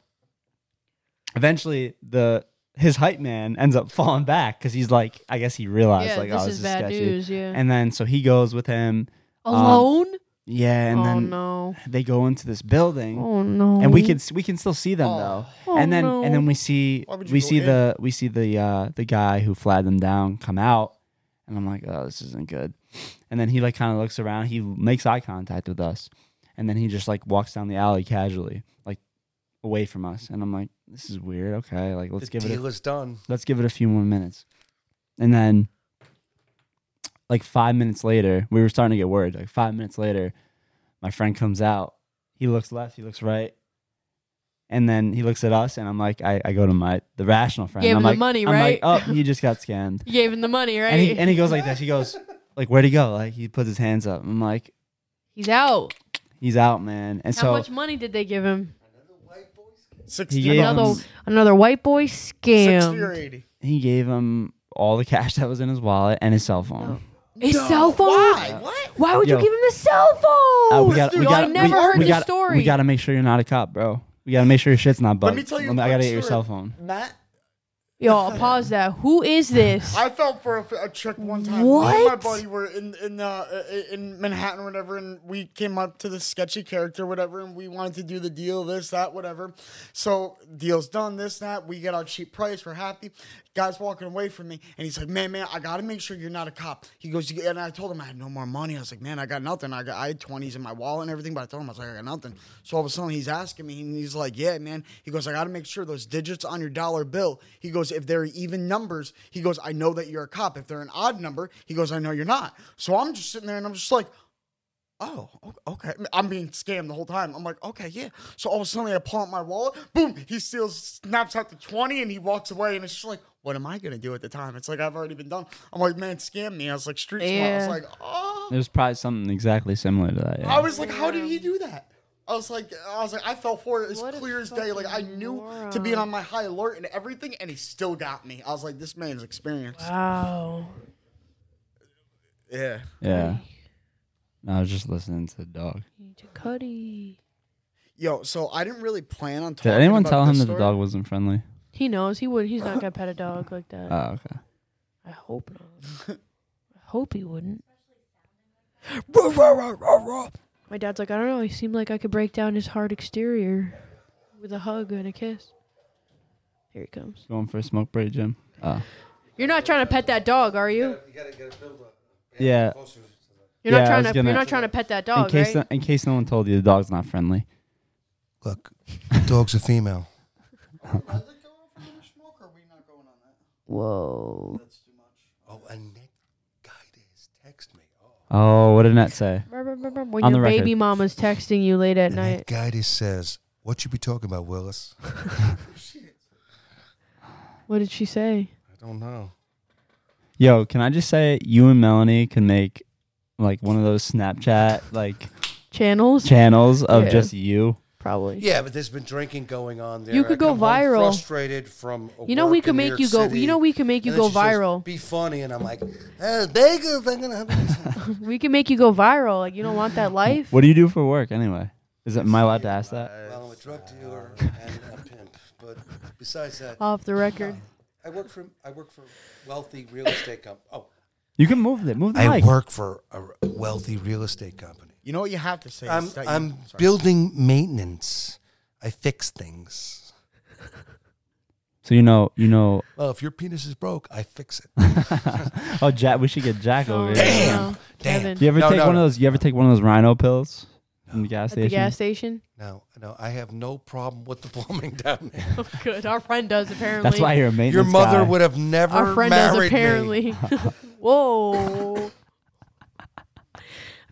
[SPEAKER 2] eventually, the his hype man ends up falling back because he's like, I guess he realized
[SPEAKER 1] Yeah,
[SPEAKER 2] like,
[SPEAKER 1] this is
[SPEAKER 2] oh, this is
[SPEAKER 1] bad
[SPEAKER 2] sketchy.
[SPEAKER 1] news. Yeah.
[SPEAKER 2] And then so he goes with him. um,
[SPEAKER 1] Alone?
[SPEAKER 2] yeah, and
[SPEAKER 1] oh
[SPEAKER 2] then
[SPEAKER 1] no.
[SPEAKER 2] they go into this building
[SPEAKER 1] Oh no.
[SPEAKER 2] and we can we can still see them
[SPEAKER 4] Oh.
[SPEAKER 2] though.
[SPEAKER 1] Oh,
[SPEAKER 2] and then
[SPEAKER 1] no.
[SPEAKER 2] and then we see
[SPEAKER 4] Why would you
[SPEAKER 2] we
[SPEAKER 4] go
[SPEAKER 2] see
[SPEAKER 4] in?
[SPEAKER 2] the we see the uh, the guy who flagged them down come out, and I'm like, oh, this isn't good. And then he like kind of looks around. He makes eye contact with us, and then he just like walks down the alley casually, like away from us. And I'm like, this is weird. Okay, like let's
[SPEAKER 3] the
[SPEAKER 2] give it a,
[SPEAKER 3] deal is done.
[SPEAKER 2] let's give it a few more minutes. And then, like five minutes later, we were starting to get worried. Like five minutes later, my friend comes out. He looks left, he looks right. And then he looks at us, and I'm like, I, I go to my the rational friend.
[SPEAKER 1] Gave
[SPEAKER 2] I'm
[SPEAKER 1] him the
[SPEAKER 2] like,
[SPEAKER 1] money,
[SPEAKER 2] I'm like,
[SPEAKER 1] right?
[SPEAKER 2] oh, you just got scammed.
[SPEAKER 1] You gave him the money, right?
[SPEAKER 2] And he and he goes like this. He goes like, where'd he go? Like he puts his hands up. I'm like,
[SPEAKER 1] He's out.
[SPEAKER 2] he's out, man. And
[SPEAKER 1] How
[SPEAKER 2] so
[SPEAKER 1] much money did they give him?
[SPEAKER 4] Sixty
[SPEAKER 2] he gave
[SPEAKER 4] bucks.
[SPEAKER 2] him,
[SPEAKER 1] Another another white boy
[SPEAKER 4] Sixty or
[SPEAKER 1] scam.
[SPEAKER 4] eighty.
[SPEAKER 2] he gave him all the cash that was in his wallet and his cell
[SPEAKER 1] Oh.
[SPEAKER 2] phone.
[SPEAKER 1] His cell phone.
[SPEAKER 4] Why? What?
[SPEAKER 1] Why would
[SPEAKER 2] Yo.
[SPEAKER 1] you give him the cell phone?
[SPEAKER 2] Oh, we got. We
[SPEAKER 1] Yo,
[SPEAKER 2] got.
[SPEAKER 1] I never
[SPEAKER 2] we,
[SPEAKER 1] heard
[SPEAKER 2] we
[SPEAKER 1] this
[SPEAKER 2] gotta,
[SPEAKER 1] story.
[SPEAKER 2] We got to make sure you're not a cop, bro. We got to make sure your shit's not bugged.
[SPEAKER 4] me tell you
[SPEAKER 2] I
[SPEAKER 4] a
[SPEAKER 2] gotta
[SPEAKER 4] quick
[SPEAKER 2] get your
[SPEAKER 4] story.
[SPEAKER 2] cell phone.
[SPEAKER 4] Matt,
[SPEAKER 1] Yo, I'll pause that. Who is this?
[SPEAKER 4] I fell for a, a trick one time. Me and my
[SPEAKER 1] What?
[SPEAKER 4] buddy were in in uh, i- in Manhattan or whatever, and we came up to this sketchy character, whatever, and we wanted to do the deal, this, that, whatever. So deal's done, this, that. We get our cheap price. We're happy. Guy's walking away from me, and he's like, "Man, man, I gotta make sure you're not a cop." He goes, "You-" and I told him I had no more money. I was like, "Man, I got nothing. I got I had twenties in my wallet and everything, but I told him I was like, I got nothing." So all of a sudden, he's asking me, and he's like, "Yeah, man." He goes, "I gotta make sure those digits on your dollar bill." He goes, "If they're even numbers," he goes, "I know that you're a cop. If they're an odd number," he goes, "I know you're not." So I'm just sitting there, and I'm just like. Oh, o- okay. I'm being scammed the whole time. I'm like, okay, yeah. So all of a sudden, I pull out my wallet. Boom! He steals, snaps out the twenty, and he walks away. And it's just like, what am I gonna do at the time? It's like I've already been done. I'm like, man, scam me. I was like, street
[SPEAKER 1] Yeah.
[SPEAKER 4] smart. I was like, oh.
[SPEAKER 2] There's probably something exactly similar to that. Yeah.
[SPEAKER 4] I was like, how did he do that? I was like, I was like, I fell for it as
[SPEAKER 1] What a
[SPEAKER 4] clear as day. Like I
[SPEAKER 1] fucking
[SPEAKER 4] knew to be on my high alert and everything, and he still got me. I was like, this man's experienced.
[SPEAKER 1] wow.
[SPEAKER 4] Yeah.
[SPEAKER 2] yeah. No, I was just listening to the dog.
[SPEAKER 1] To Cuddy.
[SPEAKER 4] Yo, so I didn't really plan on.
[SPEAKER 2] Did
[SPEAKER 4] Talking
[SPEAKER 2] anyone
[SPEAKER 4] about
[SPEAKER 2] tell him
[SPEAKER 4] this
[SPEAKER 2] that the
[SPEAKER 4] story.
[SPEAKER 2] dog wasn't friendly?
[SPEAKER 1] He knows he would. He's not gonna pet a dog like that.
[SPEAKER 2] Oh, okay.
[SPEAKER 1] I hope not. I hope he wouldn't.
[SPEAKER 6] Ruh, ruh, ruh, ruh, ruh.
[SPEAKER 1] My dad's like, I don't know. He seemed like I could break down his hard exterior with a hug and a kiss. Here he comes.
[SPEAKER 2] Going for a smoke break, Jim. Uh,
[SPEAKER 1] You're not trying to pet that dog, are you?
[SPEAKER 3] You gotta get a build up.
[SPEAKER 2] yeah.
[SPEAKER 1] You're
[SPEAKER 2] Yeah, I
[SPEAKER 1] not trying
[SPEAKER 2] was
[SPEAKER 1] to.
[SPEAKER 2] gonna-
[SPEAKER 1] you're not trying to pet that
[SPEAKER 2] In
[SPEAKER 4] Oh,
[SPEAKER 1] dog,
[SPEAKER 2] case,
[SPEAKER 1] right?
[SPEAKER 2] no- in case no one told you, the dog's not friendly.
[SPEAKER 3] Look, dog's a female.
[SPEAKER 1] Whoa.
[SPEAKER 3] Oh, and Nick Guides text me. Oh.
[SPEAKER 2] Oh, what did that say?
[SPEAKER 1] When
[SPEAKER 2] On the
[SPEAKER 1] your
[SPEAKER 2] record.
[SPEAKER 1] baby mama's texting you late at
[SPEAKER 3] And
[SPEAKER 1] night.
[SPEAKER 3] Nick Guides says, "What you be talking about, Willis?" I
[SPEAKER 1] What did she say?
[SPEAKER 3] don't know.
[SPEAKER 2] Yo, can I just say you and Melanie can make like one of those Snapchat like
[SPEAKER 1] Channels?
[SPEAKER 2] channels of
[SPEAKER 1] Yeah.
[SPEAKER 2] just you.
[SPEAKER 1] Probably.
[SPEAKER 3] Yeah, but there's been drinking going on there.
[SPEAKER 1] You could
[SPEAKER 3] I come
[SPEAKER 1] go
[SPEAKER 3] home
[SPEAKER 1] viral.
[SPEAKER 3] Frustrated from a
[SPEAKER 1] You know
[SPEAKER 3] work
[SPEAKER 1] we
[SPEAKER 3] in
[SPEAKER 1] could
[SPEAKER 3] New
[SPEAKER 1] make
[SPEAKER 3] York
[SPEAKER 1] you go.
[SPEAKER 3] City,
[SPEAKER 1] You know we could make
[SPEAKER 3] and
[SPEAKER 1] you
[SPEAKER 3] then
[SPEAKER 1] go
[SPEAKER 3] she says,
[SPEAKER 1] viral.
[SPEAKER 3] Be funny, and I'm like, oh, bagels, I'm gonna have a-"
[SPEAKER 1] We can make you go viral. Like you don't want that life.
[SPEAKER 2] What do you do for work anyway? Is it am I allowed to ask that?
[SPEAKER 3] Well, I'm a drug dealer and a pimp, but besides that,
[SPEAKER 1] Off the record.
[SPEAKER 3] I work for I work for wealthy real estate company. Oh,
[SPEAKER 2] You can move it. Move the
[SPEAKER 3] I
[SPEAKER 2] mic.
[SPEAKER 3] work for a wealthy real estate company.
[SPEAKER 4] You know what you have to say. is
[SPEAKER 3] I'm
[SPEAKER 4] that you-
[SPEAKER 3] I'm
[SPEAKER 4] sorry.
[SPEAKER 3] building maintenance. I fix things.
[SPEAKER 2] So you know, you know.
[SPEAKER 3] Well, if your penis is broke, I fix it.
[SPEAKER 2] Oh, Jack, we should get Jack
[SPEAKER 1] Oh,
[SPEAKER 2] over
[SPEAKER 1] no.
[SPEAKER 2] here.
[SPEAKER 3] Damn. Damn.
[SPEAKER 1] Kevin.
[SPEAKER 2] Do you ever
[SPEAKER 3] No,
[SPEAKER 2] take
[SPEAKER 3] no,
[SPEAKER 2] one
[SPEAKER 3] no.
[SPEAKER 2] of those? You ever take one of those Rhino pills from the gas
[SPEAKER 1] At the
[SPEAKER 2] station?
[SPEAKER 1] gas station.
[SPEAKER 3] No, no, I have no problem with the plumbing down there.
[SPEAKER 1] Oh, Good. Our friend does apparently.
[SPEAKER 2] That's why you're a maintenance
[SPEAKER 3] Your mother
[SPEAKER 2] guy.
[SPEAKER 3] would have never
[SPEAKER 1] Our friend does
[SPEAKER 3] married
[SPEAKER 1] apparently.
[SPEAKER 3] me.
[SPEAKER 1] Whoa. I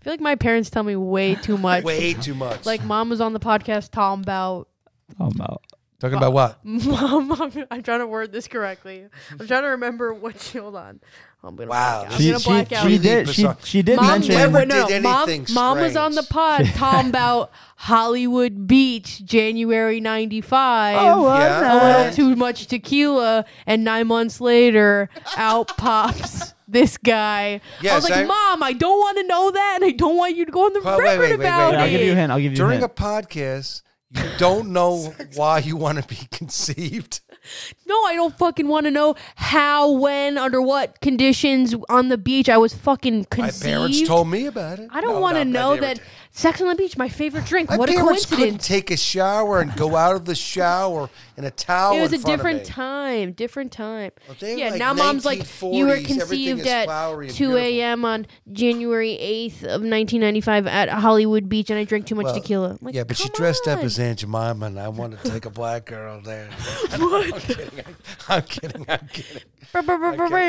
[SPEAKER 1] feel like my parents tell me way too much.
[SPEAKER 3] Way too much.
[SPEAKER 1] Like mom was on the podcast talking about
[SPEAKER 2] Oh, no.
[SPEAKER 3] talking about what?
[SPEAKER 1] mom. I'm, I'm trying to word this correctly. I'm trying to remember what. She, hold on. Oh, I'm gonna
[SPEAKER 3] Wow,
[SPEAKER 1] Black out.
[SPEAKER 3] this
[SPEAKER 1] I'm gonna
[SPEAKER 2] She,
[SPEAKER 3] is
[SPEAKER 2] she,
[SPEAKER 1] black out.
[SPEAKER 2] she
[SPEAKER 3] really
[SPEAKER 2] did. She,
[SPEAKER 3] bizarre.
[SPEAKER 2] she did
[SPEAKER 1] Mom
[SPEAKER 2] mention.
[SPEAKER 3] never-
[SPEAKER 1] wait, no,
[SPEAKER 3] did
[SPEAKER 1] mom,
[SPEAKER 3] anything
[SPEAKER 1] mom was on the
[SPEAKER 3] strange.
[SPEAKER 1] pod talking about Hollywood Beach, January '95.
[SPEAKER 2] Oh, well,
[SPEAKER 3] Yeah.
[SPEAKER 1] a
[SPEAKER 2] no.
[SPEAKER 1] little too much tequila, and nine months later, out pops this guy. I
[SPEAKER 3] Yes,
[SPEAKER 1] was like,
[SPEAKER 3] I-
[SPEAKER 1] Mom, I don't want to know that, and I don't want you to go on the
[SPEAKER 3] Well, wait,
[SPEAKER 1] record
[SPEAKER 3] wait, wait, wait,
[SPEAKER 1] about
[SPEAKER 2] Wait, I'll
[SPEAKER 1] it.
[SPEAKER 2] give you a hint. I'll give you a
[SPEAKER 3] During
[SPEAKER 2] hint.
[SPEAKER 3] a podcast, you don't know why you want to be conceived.
[SPEAKER 1] No, I don't fucking want to know how, when, under what conditions on the beach I was fucking
[SPEAKER 3] My
[SPEAKER 1] conceived.
[SPEAKER 3] parents told me about it.
[SPEAKER 1] I don't
[SPEAKER 3] No,
[SPEAKER 1] want to
[SPEAKER 3] no,
[SPEAKER 1] know
[SPEAKER 3] they were-
[SPEAKER 1] that sex on the beach, my favorite drink.
[SPEAKER 3] My
[SPEAKER 1] what a
[SPEAKER 3] parents couldn't
[SPEAKER 1] coincidence.
[SPEAKER 3] take a shower and go out of the shower in a towel.
[SPEAKER 1] It was
[SPEAKER 3] in
[SPEAKER 1] a
[SPEAKER 3] front of
[SPEAKER 1] different
[SPEAKER 3] me.
[SPEAKER 1] time. Different time.
[SPEAKER 3] Well, they were
[SPEAKER 1] yeah,
[SPEAKER 3] like
[SPEAKER 1] now mom's like, you were
[SPEAKER 3] 1940s, everything
[SPEAKER 1] conceived
[SPEAKER 3] is flowery
[SPEAKER 1] at
[SPEAKER 3] and
[SPEAKER 1] 2
[SPEAKER 3] beautiful."
[SPEAKER 1] a.m. on January 8th of 1995 at Hollywood Beach, and I drank too much
[SPEAKER 3] Well,
[SPEAKER 1] tequila. I'm like,
[SPEAKER 3] yeah, but she
[SPEAKER 1] "Come
[SPEAKER 3] dressed up
[SPEAKER 1] on."
[SPEAKER 3] as Aunt Jemima, and I wanted to take a black girl there. I'm kidding. I'm kidding. I'm kidding.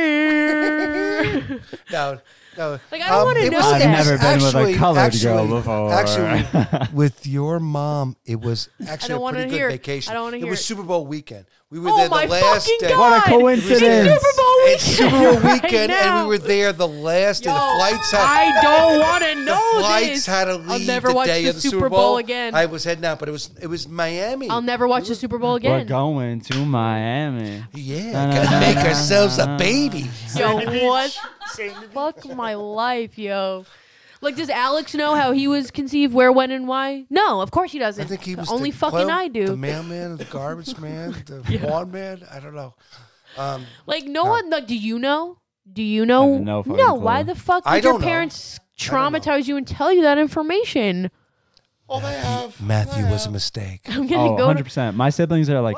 [SPEAKER 3] No, no.
[SPEAKER 1] Like, I don't wanna
[SPEAKER 3] Um, it
[SPEAKER 1] know
[SPEAKER 3] was-
[SPEAKER 1] that.
[SPEAKER 2] I've never been with a
[SPEAKER 3] actually-
[SPEAKER 2] colored
[SPEAKER 3] actually-
[SPEAKER 2] girl before.
[SPEAKER 3] Actually, with your mom, it was actually a
[SPEAKER 1] wanna
[SPEAKER 3] pretty good
[SPEAKER 1] hear it.
[SPEAKER 3] vacation.
[SPEAKER 1] I don't wanna
[SPEAKER 3] it
[SPEAKER 1] hear
[SPEAKER 3] was
[SPEAKER 1] it.
[SPEAKER 3] Super Bowl weekend. We were
[SPEAKER 1] oh
[SPEAKER 3] there the
[SPEAKER 1] my
[SPEAKER 3] last
[SPEAKER 1] fucking
[SPEAKER 3] day.
[SPEAKER 1] god!
[SPEAKER 2] What a coincidence.
[SPEAKER 1] It's Super Bowl weekend.
[SPEAKER 3] It's Super Bowl
[SPEAKER 1] right
[SPEAKER 3] weekend, and
[SPEAKER 1] now.
[SPEAKER 3] we were there the last day. The
[SPEAKER 1] Yo,
[SPEAKER 3] flights had
[SPEAKER 1] I don't want to know
[SPEAKER 3] flights
[SPEAKER 1] this.
[SPEAKER 3] had to leave
[SPEAKER 1] I'll never
[SPEAKER 3] the
[SPEAKER 1] watch
[SPEAKER 3] day
[SPEAKER 1] the
[SPEAKER 3] of the
[SPEAKER 1] Super
[SPEAKER 3] Super
[SPEAKER 1] Bowl again.
[SPEAKER 3] I was heading out, but it was it was Miami.
[SPEAKER 1] I'll never watch the Super Bowl
[SPEAKER 2] We're
[SPEAKER 1] again.
[SPEAKER 2] going to Miami.
[SPEAKER 3] yeah,
[SPEAKER 2] na,
[SPEAKER 3] gotta
[SPEAKER 2] na,
[SPEAKER 3] make
[SPEAKER 2] na, na,
[SPEAKER 3] ourselves
[SPEAKER 2] na,
[SPEAKER 3] a baby.
[SPEAKER 1] Yo, what? Fuck my life, yo. Like, does Alex know how he was conceived, where, when, and why? No, of course he doesn't.
[SPEAKER 3] I think he was
[SPEAKER 1] only
[SPEAKER 3] the
[SPEAKER 1] fucking
[SPEAKER 3] clo-
[SPEAKER 1] I
[SPEAKER 3] The
[SPEAKER 1] do.
[SPEAKER 3] mailman, the garbage man, the lawn man. I don't know.
[SPEAKER 1] like, no one. Like, do you know? Do you know?
[SPEAKER 2] have no fucking
[SPEAKER 1] no. Why
[SPEAKER 2] clue.
[SPEAKER 1] the fuck
[SPEAKER 3] I
[SPEAKER 1] did your
[SPEAKER 3] don't know.
[SPEAKER 1] parents
[SPEAKER 3] don't know.
[SPEAKER 1] traumatize you and tell you that information?
[SPEAKER 3] Matthew was a mistake.
[SPEAKER 1] I'm
[SPEAKER 2] Oh,
[SPEAKER 1] gonna go.
[SPEAKER 2] 100
[SPEAKER 1] To,
[SPEAKER 2] percent. My siblings are like,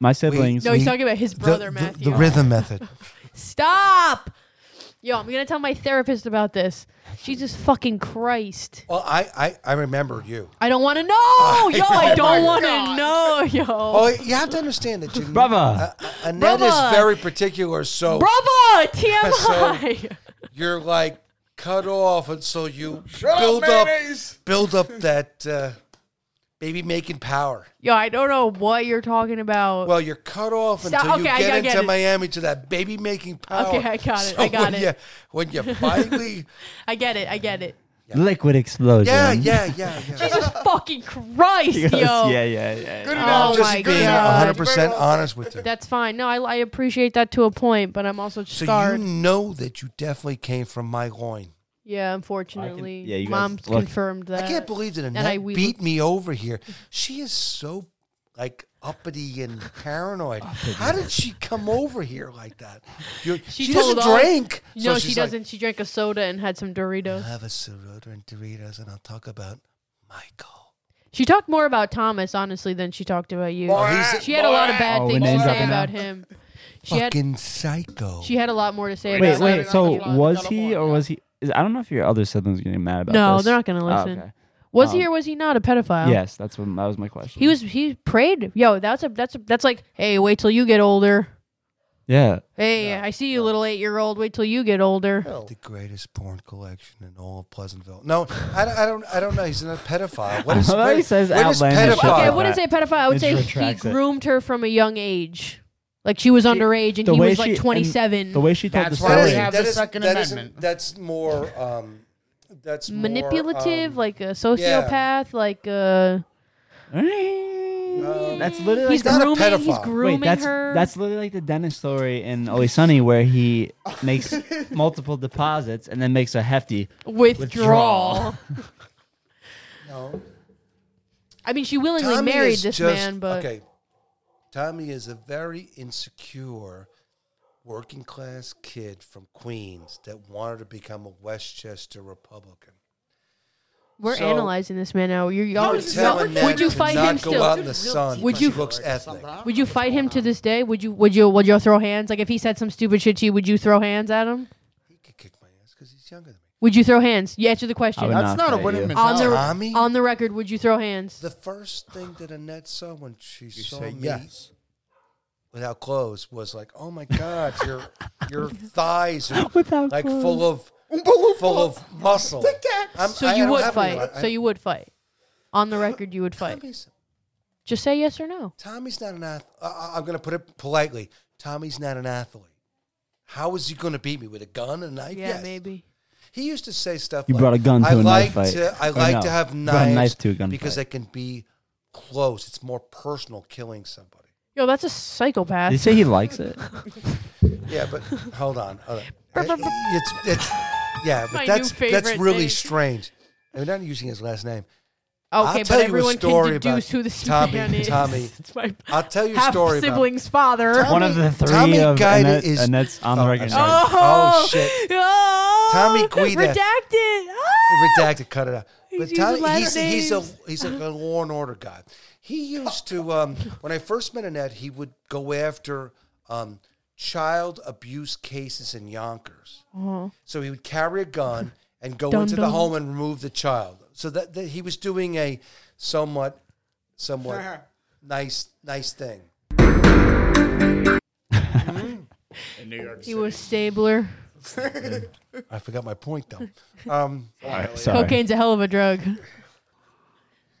[SPEAKER 2] my siblings.
[SPEAKER 1] no, he's
[SPEAKER 3] we-
[SPEAKER 1] talking about his
[SPEAKER 3] The,
[SPEAKER 1] brother
[SPEAKER 3] the,
[SPEAKER 1] Matthew.
[SPEAKER 3] the rhythm method.
[SPEAKER 1] Stop. Yo, I'm gonna tell my therapist about this. Jesus fucking Christ.
[SPEAKER 3] Well, I, I, I remember you.
[SPEAKER 1] I don't want to know. Yo, I don't want to know. Yo.
[SPEAKER 3] Oh, you have to understand that you,
[SPEAKER 2] Brother.
[SPEAKER 3] Uh, uh, Annette
[SPEAKER 1] Brother.
[SPEAKER 3] is very particular, so
[SPEAKER 1] Bravo! TMI.
[SPEAKER 3] you're like cut off, and so you build up, build up that uh, baby making power.
[SPEAKER 1] Yo, I don't know what you're talking about.
[SPEAKER 3] Well, you're cut off
[SPEAKER 1] Oh. Stop.
[SPEAKER 3] until you
[SPEAKER 1] Okay, I
[SPEAKER 3] get
[SPEAKER 1] gotta
[SPEAKER 3] into
[SPEAKER 1] get it.
[SPEAKER 3] Miami to that baby making power.
[SPEAKER 1] Okay, I got it. I got
[SPEAKER 3] when
[SPEAKER 1] it.
[SPEAKER 3] You, when you finally,
[SPEAKER 1] I get it. I get it.
[SPEAKER 2] Liquid explosion.
[SPEAKER 3] yeah, yeah, yeah, yeah.
[SPEAKER 1] Jesus fucking Christ,
[SPEAKER 2] Yes,
[SPEAKER 1] yo.
[SPEAKER 2] yeah, yeah, yeah. yeah.
[SPEAKER 1] Oh
[SPEAKER 3] I'm just
[SPEAKER 1] my
[SPEAKER 3] being
[SPEAKER 1] God.
[SPEAKER 3] 100% honest with you.
[SPEAKER 1] That's fine. No, I, I appreciate that to a point, but I'm also
[SPEAKER 3] So
[SPEAKER 1] scarred.
[SPEAKER 3] you know that you definitely came from my loin.
[SPEAKER 1] yeah, unfortunately.
[SPEAKER 2] yeah, you guys-
[SPEAKER 1] Mom's
[SPEAKER 2] look.
[SPEAKER 1] confirmed that.
[SPEAKER 3] I can't believe that
[SPEAKER 1] I
[SPEAKER 3] Annette
[SPEAKER 1] wheedled-
[SPEAKER 3] beat me over here. She is so like uppity and paranoid. How did she come over here like that? You- she doesn't
[SPEAKER 1] told all-
[SPEAKER 3] drink.
[SPEAKER 1] No,
[SPEAKER 3] So
[SPEAKER 1] she
[SPEAKER 3] she's like,
[SPEAKER 1] doesn't. she drank a soda and had some Doritos.
[SPEAKER 3] I'll have a soda and Doritos, and I'll talk about Michael.
[SPEAKER 1] She talked more about Thomas, honestly, than she talked about you.
[SPEAKER 3] Oh, he's-
[SPEAKER 1] she had a lot of bad
[SPEAKER 2] Oh, we
[SPEAKER 1] things to
[SPEAKER 2] named up
[SPEAKER 1] say
[SPEAKER 2] and
[SPEAKER 1] about
[SPEAKER 2] down.
[SPEAKER 1] him. She had
[SPEAKER 3] Fucking psycho.
[SPEAKER 1] she had a lot more to say.
[SPEAKER 2] Wait,
[SPEAKER 1] about him.
[SPEAKER 2] wait. So
[SPEAKER 4] Another one,
[SPEAKER 2] was
[SPEAKER 4] another
[SPEAKER 2] he
[SPEAKER 4] one,
[SPEAKER 2] or
[SPEAKER 4] yeah.
[SPEAKER 2] was he? Is, I don't know if your other siblings are getting mad about
[SPEAKER 1] no,
[SPEAKER 2] this.
[SPEAKER 1] they're not going to
[SPEAKER 2] Oh,
[SPEAKER 1] listen.
[SPEAKER 2] okay.
[SPEAKER 1] Was he
[SPEAKER 2] Um,
[SPEAKER 1] or was he not a pedophile?
[SPEAKER 2] Yes, that's what that was my question.
[SPEAKER 1] He was. He prayed. Yo, that's a. That's a. That's like. Hey, wait till you get older.
[SPEAKER 2] Yeah.
[SPEAKER 1] Hey, I see you, little eight-year-old. Wait till you get older.
[SPEAKER 3] the greatest porn collection in all of Pleasantville. No, I, don't- I don't. I don't know. He's not a pedophile. What is,
[SPEAKER 2] I love how he
[SPEAKER 3] what-
[SPEAKER 2] says
[SPEAKER 3] what is
[SPEAKER 2] outlandish
[SPEAKER 1] Okay,
[SPEAKER 3] pedophile?
[SPEAKER 1] I
[SPEAKER 2] shit.
[SPEAKER 1] wouldn't say pedophile. I would
[SPEAKER 2] It
[SPEAKER 1] say he
[SPEAKER 2] retracts it.
[SPEAKER 1] groomed her from a young age. Like she was underage and
[SPEAKER 2] the
[SPEAKER 1] he
[SPEAKER 2] way
[SPEAKER 1] was like
[SPEAKER 2] she- and
[SPEAKER 1] 27.
[SPEAKER 2] The way she told
[SPEAKER 4] That's
[SPEAKER 2] the
[SPEAKER 4] why
[SPEAKER 2] story.
[SPEAKER 4] we have- the
[SPEAKER 3] is-
[SPEAKER 4] Second
[SPEAKER 3] that isn't-
[SPEAKER 4] Amendment.
[SPEAKER 3] That's more. Um, that's more,
[SPEAKER 1] Manipulative,
[SPEAKER 3] um,
[SPEAKER 1] like a sociopath, like uh,
[SPEAKER 2] that's literally
[SPEAKER 1] he's
[SPEAKER 2] like
[SPEAKER 3] not a
[SPEAKER 1] grooming, he's
[SPEAKER 3] pedophile.
[SPEAKER 1] grooming
[SPEAKER 2] Wait, that's
[SPEAKER 1] her.
[SPEAKER 2] that's literally like the Dennis story in Always Sunny, where he makes multiple deposits and then makes a hefty.
[SPEAKER 1] withdrawal.
[SPEAKER 3] no.
[SPEAKER 1] I mean, she willingly
[SPEAKER 3] Tommy
[SPEAKER 1] married
[SPEAKER 3] is
[SPEAKER 1] this
[SPEAKER 3] just-
[SPEAKER 1] man, but
[SPEAKER 3] okay. Tommy is a very insecure, working class kid from Queens that wanted to become a Westchester Republican.
[SPEAKER 1] we're
[SPEAKER 3] So-
[SPEAKER 1] analyzing this man now. You're y'all.
[SPEAKER 3] You're telling
[SPEAKER 1] y'all-
[SPEAKER 3] that
[SPEAKER 1] would you
[SPEAKER 3] to
[SPEAKER 1] fight
[SPEAKER 3] not
[SPEAKER 1] him
[SPEAKER 3] go
[SPEAKER 1] still?
[SPEAKER 3] out in the sun.
[SPEAKER 1] Would
[SPEAKER 3] because
[SPEAKER 1] you-
[SPEAKER 3] he looks ethnic?
[SPEAKER 1] Would you fight him to this day? Would you? Would you? Would you throw hands? Like if he said some stupid shit to you, would you throw hands at him?
[SPEAKER 3] He could kick my ass because he's younger than me.
[SPEAKER 1] Would you throw hands? You answer the
[SPEAKER 2] I
[SPEAKER 1] question.
[SPEAKER 2] would
[SPEAKER 4] That's
[SPEAKER 2] Not
[SPEAKER 4] not a
[SPEAKER 2] for
[SPEAKER 4] winning
[SPEAKER 2] you.
[SPEAKER 1] On the
[SPEAKER 4] mentality.
[SPEAKER 3] Tommy?
[SPEAKER 1] on the record, would you throw hands?
[SPEAKER 3] The first thing that Annette saw when she
[SPEAKER 4] You
[SPEAKER 3] saw
[SPEAKER 4] say
[SPEAKER 3] me
[SPEAKER 4] yes.
[SPEAKER 3] without clothes was like, "Oh my God, your your thighs are
[SPEAKER 2] Without
[SPEAKER 3] like full of
[SPEAKER 4] Oompa
[SPEAKER 3] full
[SPEAKER 4] loompa.
[SPEAKER 3] of muscle." I'm-
[SPEAKER 1] So
[SPEAKER 3] I- I
[SPEAKER 1] you
[SPEAKER 3] don't
[SPEAKER 1] would
[SPEAKER 3] have any-
[SPEAKER 1] fight.
[SPEAKER 3] I-
[SPEAKER 1] so you would fight. On the record, you would fight.
[SPEAKER 3] Tommy's,
[SPEAKER 1] Just say yes or no.
[SPEAKER 3] Tommy's not an athlete. I'm going to put it politely. Tommy's not an athlete. How is he going to beat me with a gun, a knife?
[SPEAKER 1] Yeah,
[SPEAKER 3] Yes.
[SPEAKER 1] maybe.
[SPEAKER 3] He used to say stuff.
[SPEAKER 2] You
[SPEAKER 3] like,
[SPEAKER 2] brought a gun to
[SPEAKER 3] I
[SPEAKER 2] a
[SPEAKER 3] like
[SPEAKER 2] knife fight.
[SPEAKER 3] To, I
[SPEAKER 2] Or
[SPEAKER 3] like
[SPEAKER 2] no,
[SPEAKER 3] to have
[SPEAKER 2] you brought
[SPEAKER 3] knives
[SPEAKER 2] a knife to a gun
[SPEAKER 3] because
[SPEAKER 2] fight.
[SPEAKER 3] I can be close. It's more personal killing somebody.
[SPEAKER 1] Yo, that's a
[SPEAKER 2] Did he
[SPEAKER 1] psychopath.
[SPEAKER 2] say he likes it?
[SPEAKER 3] Yeah, but hold on. Hold on. It's, it's, yeah,
[SPEAKER 1] My
[SPEAKER 3] but
[SPEAKER 1] new
[SPEAKER 3] that's that's
[SPEAKER 1] favorite
[SPEAKER 3] really
[SPEAKER 1] thing.
[SPEAKER 3] strange. I'm not using his last name.
[SPEAKER 1] Okay,
[SPEAKER 3] I'll
[SPEAKER 1] but
[SPEAKER 3] tell you a
[SPEAKER 1] everyone
[SPEAKER 3] story
[SPEAKER 1] can deduce
[SPEAKER 3] about
[SPEAKER 1] who this
[SPEAKER 3] Tommy-
[SPEAKER 1] man is.
[SPEAKER 3] Tommy.
[SPEAKER 1] it's my
[SPEAKER 3] I'll tell you a
[SPEAKER 1] half
[SPEAKER 3] story about.
[SPEAKER 1] sibling's father.
[SPEAKER 2] One of the three
[SPEAKER 3] Tommy
[SPEAKER 2] of
[SPEAKER 3] Guida
[SPEAKER 2] Annette,
[SPEAKER 3] is-
[SPEAKER 2] Annette's on
[SPEAKER 3] Oh,
[SPEAKER 2] the
[SPEAKER 3] I'm
[SPEAKER 2] record.
[SPEAKER 3] sorry. Oh, shit.
[SPEAKER 1] Oh,
[SPEAKER 3] Tommy Guida.
[SPEAKER 1] Redacted. Ah!
[SPEAKER 3] redacted, cut it out. But
[SPEAKER 1] using
[SPEAKER 3] Tommy,
[SPEAKER 1] last
[SPEAKER 3] he's, he's a
[SPEAKER 1] names.
[SPEAKER 3] he's like a law and order guy. He used to um, when I first met Annette, he would go after um, child abuse cases in Yonkers.
[SPEAKER 1] Uh-huh.
[SPEAKER 3] So he would carry a gun and go
[SPEAKER 1] Dun,
[SPEAKER 3] into the
[SPEAKER 1] dun.
[SPEAKER 3] home and remove the child. So that, that he was doing a somewhat somewhat nice nice thing.
[SPEAKER 4] In New York
[SPEAKER 1] He was Stabler.
[SPEAKER 3] I forgot my point though. Um,
[SPEAKER 2] Sorry.
[SPEAKER 1] Cocaine's a hell of a drug.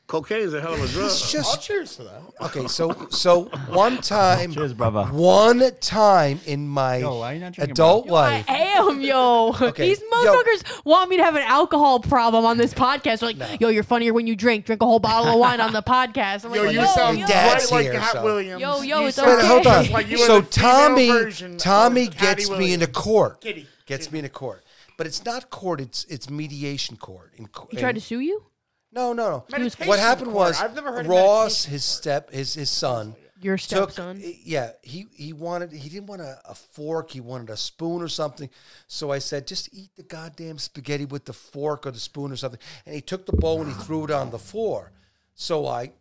[SPEAKER 5] Cocaine is a hell of a drug.
[SPEAKER 3] it's just
[SPEAKER 4] Cheers to that.
[SPEAKER 3] Okay, so so one time,
[SPEAKER 2] Cheers, brother.
[SPEAKER 3] one time in my
[SPEAKER 2] Yo, why you not drinking,
[SPEAKER 3] adult
[SPEAKER 1] I
[SPEAKER 3] life,
[SPEAKER 1] am, yo.
[SPEAKER 3] Okay,
[SPEAKER 1] These
[SPEAKER 3] yo.
[SPEAKER 1] motherfuckers want me to have an alcohol problem on this podcast. They're like, yo, you're funnier when you drink. Drink a whole bottle of wine on the podcast. I'm like,
[SPEAKER 4] Yo,
[SPEAKER 1] yo,
[SPEAKER 4] you
[SPEAKER 1] yo,
[SPEAKER 4] sound
[SPEAKER 3] yo.
[SPEAKER 4] right
[SPEAKER 3] Dad's
[SPEAKER 4] like
[SPEAKER 3] here,
[SPEAKER 4] Cat
[SPEAKER 3] so.
[SPEAKER 4] Williams.
[SPEAKER 1] Yo, yo,
[SPEAKER 4] You
[SPEAKER 1] it's
[SPEAKER 4] sound
[SPEAKER 3] Wait,
[SPEAKER 1] okay.
[SPEAKER 3] hold on.
[SPEAKER 4] just like you were
[SPEAKER 3] so
[SPEAKER 4] the female
[SPEAKER 3] Tommy,
[SPEAKER 4] version of
[SPEAKER 3] Tommy
[SPEAKER 4] Catty
[SPEAKER 3] gets me
[SPEAKER 4] Williams.
[SPEAKER 3] into court.
[SPEAKER 4] Kitty,
[SPEAKER 3] Gets me into court, but it's not court. It's it's mediation court. In, co-
[SPEAKER 1] He tried
[SPEAKER 3] in-
[SPEAKER 1] to sue you?
[SPEAKER 3] No, no, no.
[SPEAKER 4] Meditation
[SPEAKER 3] What happened
[SPEAKER 4] court.
[SPEAKER 3] was
[SPEAKER 4] I've never heard of
[SPEAKER 3] Ross,
[SPEAKER 4] meditation
[SPEAKER 3] his step, his his son,
[SPEAKER 1] Your
[SPEAKER 3] took- eh,
[SPEAKER 1] stepson.
[SPEAKER 3] yeah, he he wanted he didn't want a, a fork. He wanted a spoon or something. So I said, just eat the goddamn spaghetti with the fork or the spoon or something. And he took the bowl and he threw it on the floor. So I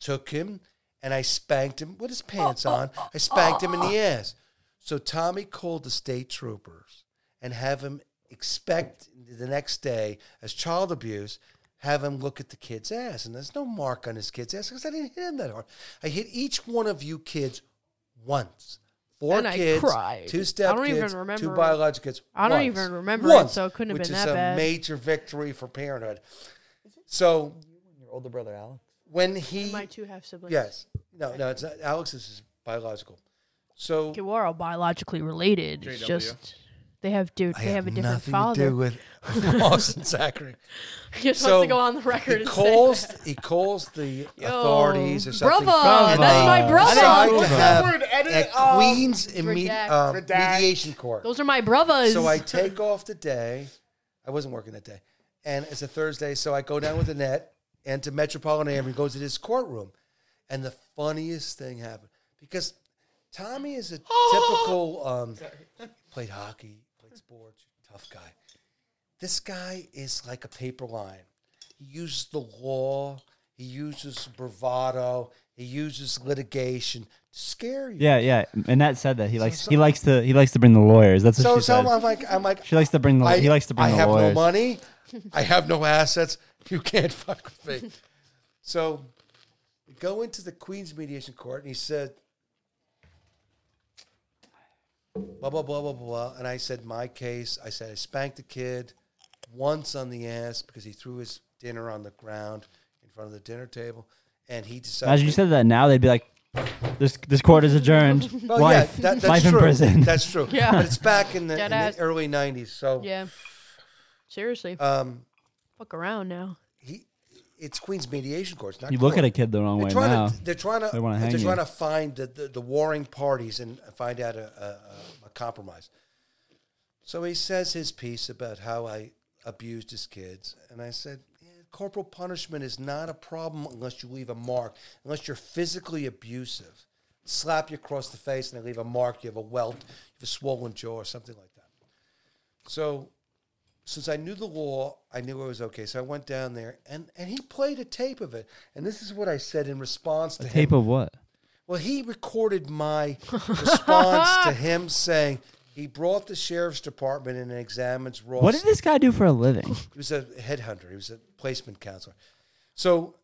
[SPEAKER 3] took him and I spanked him with his pants on. I spanked him in the ass. So Tommy called the state troopers and have him expect the next day as child abuse. Have him look at the kid's ass, and there's no mark on his kid's ass because I didn't hit him that hard. I hit each one of you kids once. Four
[SPEAKER 1] And I
[SPEAKER 3] kids,
[SPEAKER 1] cried.
[SPEAKER 3] two step
[SPEAKER 1] I don't even
[SPEAKER 3] kids, two
[SPEAKER 1] remember-
[SPEAKER 3] biological kids.
[SPEAKER 1] I don't
[SPEAKER 3] once.
[SPEAKER 1] even remember it,
[SPEAKER 3] once,
[SPEAKER 1] so it couldn't have
[SPEAKER 3] which
[SPEAKER 1] been
[SPEAKER 3] is
[SPEAKER 1] that
[SPEAKER 3] a
[SPEAKER 1] bad.
[SPEAKER 3] major victory for parenthood. So
[SPEAKER 4] Your older brother Alex.
[SPEAKER 3] when he
[SPEAKER 1] My two half siblings.
[SPEAKER 3] Yes. No, no, it's not. Alex is his biological. So
[SPEAKER 1] Okay, we're all biologically related. It's just they have dude, they have, a different father.
[SPEAKER 3] with Ross and Zachary.
[SPEAKER 1] He just
[SPEAKER 3] So
[SPEAKER 1] wants to go on the record
[SPEAKER 3] He
[SPEAKER 1] and
[SPEAKER 3] calls,
[SPEAKER 1] say,
[SPEAKER 3] he calls the
[SPEAKER 1] Yo,
[SPEAKER 3] authorities or something.
[SPEAKER 1] brother,
[SPEAKER 3] and
[SPEAKER 1] that's
[SPEAKER 3] they
[SPEAKER 1] my brother.
[SPEAKER 3] decide
[SPEAKER 1] What's
[SPEAKER 3] to have
[SPEAKER 4] that word? Edit,
[SPEAKER 3] a
[SPEAKER 1] Oh,
[SPEAKER 4] um,
[SPEAKER 3] Queens imme-
[SPEAKER 1] redact.
[SPEAKER 3] um,
[SPEAKER 4] Redact.
[SPEAKER 3] mediation court.
[SPEAKER 1] "Those are my brothers."
[SPEAKER 3] So I take off the day. I wasn't working that day. And it's a Thursday, so I go down with Annette and to Metropolitan Area and go to this courtroom. And the funniest thing happened because Tommy is a typical um, played hockey, played sports, tough guy. This guy is like a paper line. He uses the law. He uses bravado. He uses litigation to scare you.
[SPEAKER 2] Yeah, yeah. Annette said that he likes he likes to he likes to bring the lawyers. That's what
[SPEAKER 3] So,
[SPEAKER 2] she
[SPEAKER 3] so
[SPEAKER 2] said.
[SPEAKER 3] I'm like, I'm like,
[SPEAKER 2] she likes to bring the
[SPEAKER 3] I,
[SPEAKER 2] he likes to bring
[SPEAKER 3] I
[SPEAKER 2] the
[SPEAKER 3] have
[SPEAKER 2] lawyers.
[SPEAKER 3] no money. I have no assets. You can't fuck with me. So we go into the Queen's mediation court, and he said, blah, blah, blah, blah, blah. And I said, my case. I said, I spanked the kid once on the ass because he threw his dinner on the ground in front of the dinner table. And he decided.
[SPEAKER 2] Imagine you said that now, they'd be like, "This this court is adjourned.
[SPEAKER 3] Well,
[SPEAKER 2] life,
[SPEAKER 3] Oh, yeah, that, that's
[SPEAKER 2] life
[SPEAKER 3] true.
[SPEAKER 2] in prison."
[SPEAKER 3] That's true.
[SPEAKER 1] Yeah.
[SPEAKER 3] But it's back in the, in the
[SPEAKER 1] Deadass.
[SPEAKER 3] early 90s. So
[SPEAKER 1] Yeah. Seriously.
[SPEAKER 3] um,
[SPEAKER 1] Fuck around now.
[SPEAKER 3] he, it's Queen's mediation court. It's not
[SPEAKER 2] you look at
[SPEAKER 3] court.
[SPEAKER 2] a kid the wrong
[SPEAKER 3] They're
[SPEAKER 2] way
[SPEAKER 3] trying
[SPEAKER 2] now.
[SPEAKER 3] to. They're trying to.
[SPEAKER 2] They
[SPEAKER 3] They
[SPEAKER 2] wanna hang
[SPEAKER 3] are
[SPEAKER 2] you.
[SPEAKER 3] trying to find the, the, the warring parties and find out a, a, a- a compromise. So he says his piece about how I abused his kids, and I said, yeah, corporal punishment is not a problem unless you leave a mark, unless you're physically abusive, slap you across the face, and they leave a mark. You have a welt, you have a swollen jaw, or something like that. So since I knew the law, I knew it was okay. So I went down there, and, and he played a tape of it. And this is what I said in response to
[SPEAKER 2] A
[SPEAKER 3] him.
[SPEAKER 2] tape of what?
[SPEAKER 3] well, he recorded my response to him saying he brought the sheriff's department and examines Ross.
[SPEAKER 2] What did this guy do for a living?
[SPEAKER 3] he was a headhunter. He was a placement counselor. So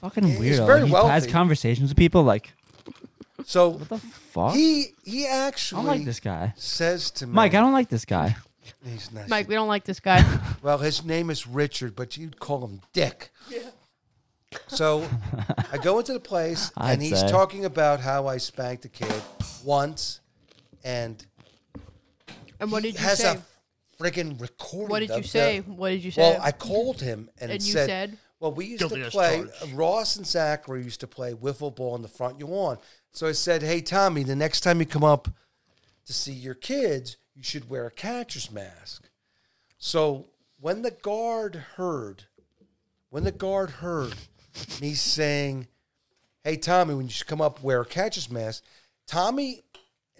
[SPEAKER 2] Fucking
[SPEAKER 3] He's
[SPEAKER 2] weirdo.
[SPEAKER 3] very
[SPEAKER 2] Like, he has
[SPEAKER 3] wealthy.
[SPEAKER 2] conversations with people like,
[SPEAKER 3] so
[SPEAKER 2] "What the fuck?"
[SPEAKER 3] he he
[SPEAKER 2] I
[SPEAKER 3] actually
[SPEAKER 2] don't like this guy,
[SPEAKER 3] says to me,
[SPEAKER 2] Mike. I don't like this guy.
[SPEAKER 3] He's nice.
[SPEAKER 1] Mike, we don't like this guy.
[SPEAKER 3] Well, his name is Richard, but you'd call him Dick. Yeah. So I go into the place,
[SPEAKER 2] I'd
[SPEAKER 3] and he's
[SPEAKER 2] say.
[SPEAKER 3] talking about how I spanked a kid once, and
[SPEAKER 1] And what
[SPEAKER 3] he
[SPEAKER 1] did you
[SPEAKER 3] has
[SPEAKER 1] say?
[SPEAKER 3] a freaking recording.
[SPEAKER 1] What did
[SPEAKER 3] of
[SPEAKER 1] you
[SPEAKER 3] the-
[SPEAKER 1] say? What did you say?
[SPEAKER 3] Well, I called him and,
[SPEAKER 1] And
[SPEAKER 3] it
[SPEAKER 1] you
[SPEAKER 3] said,
[SPEAKER 1] said?
[SPEAKER 3] "Well, we used
[SPEAKER 5] Guilty
[SPEAKER 3] to
[SPEAKER 5] as
[SPEAKER 3] play
[SPEAKER 5] charged.
[SPEAKER 3] Ross and Zachary used to play wiffle ball in the front lawn." So I said, "Hey Tommy, the next time you come up to see your kids, you should wear a catcher's mask." So when the guard heard, when the guard heard me saying, "Hey Tommy, when you should come up, wear a catcher's mask," Tommy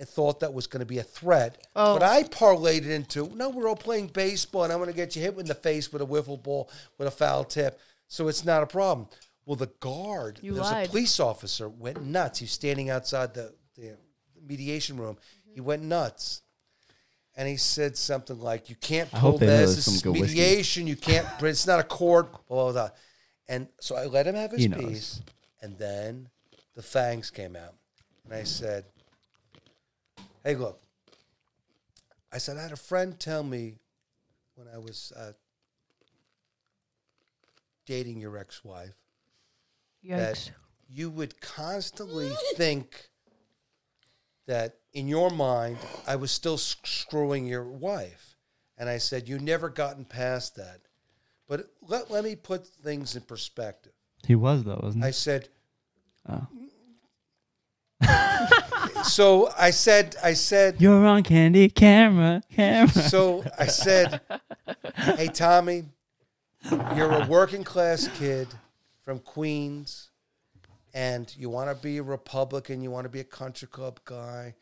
[SPEAKER 3] thought that was going to be a threat,
[SPEAKER 1] Oh.
[SPEAKER 3] but I parlayed it into no, we're all playing baseball, and I'm going to get you hit in the face with a wiffle ball with a foul tip, so it's not a problem. Well, the guard,
[SPEAKER 1] You
[SPEAKER 3] there was
[SPEAKER 1] lied.
[SPEAKER 3] a police officer, went nuts. He was standing outside the, the mediation room.
[SPEAKER 1] Mm-hmm.
[SPEAKER 3] He went nuts. And he said something like, "You can't
[SPEAKER 2] I
[SPEAKER 3] pull
[SPEAKER 2] hope they know
[SPEAKER 3] this.
[SPEAKER 2] there's
[SPEAKER 3] This
[SPEAKER 2] some
[SPEAKER 3] is
[SPEAKER 2] good whiskey."
[SPEAKER 3] mediation. You can't. But it's not a court." Blah blah blah. And so I let him have his
[SPEAKER 2] He knows.
[SPEAKER 3] piece. And then the fangs came out, and I said, "Hey, look." I said I had a friend tell me when I was uh, dating your ex-wife
[SPEAKER 1] Yikes.
[SPEAKER 3] that you would constantly think that in your mind I was still s- screwing your wife. And I said, You never gotten past that. But let, let me put things in perspective.
[SPEAKER 2] He was though, wasn't he?
[SPEAKER 3] I said,
[SPEAKER 2] Mm-hmm. Oh.
[SPEAKER 3] So I said, I said,
[SPEAKER 2] You're on candy camera, camera.
[SPEAKER 3] so I said, Hey, Tommy, you're a working class kid from Queens, and you want to be a Republican, you want to be a country club guy.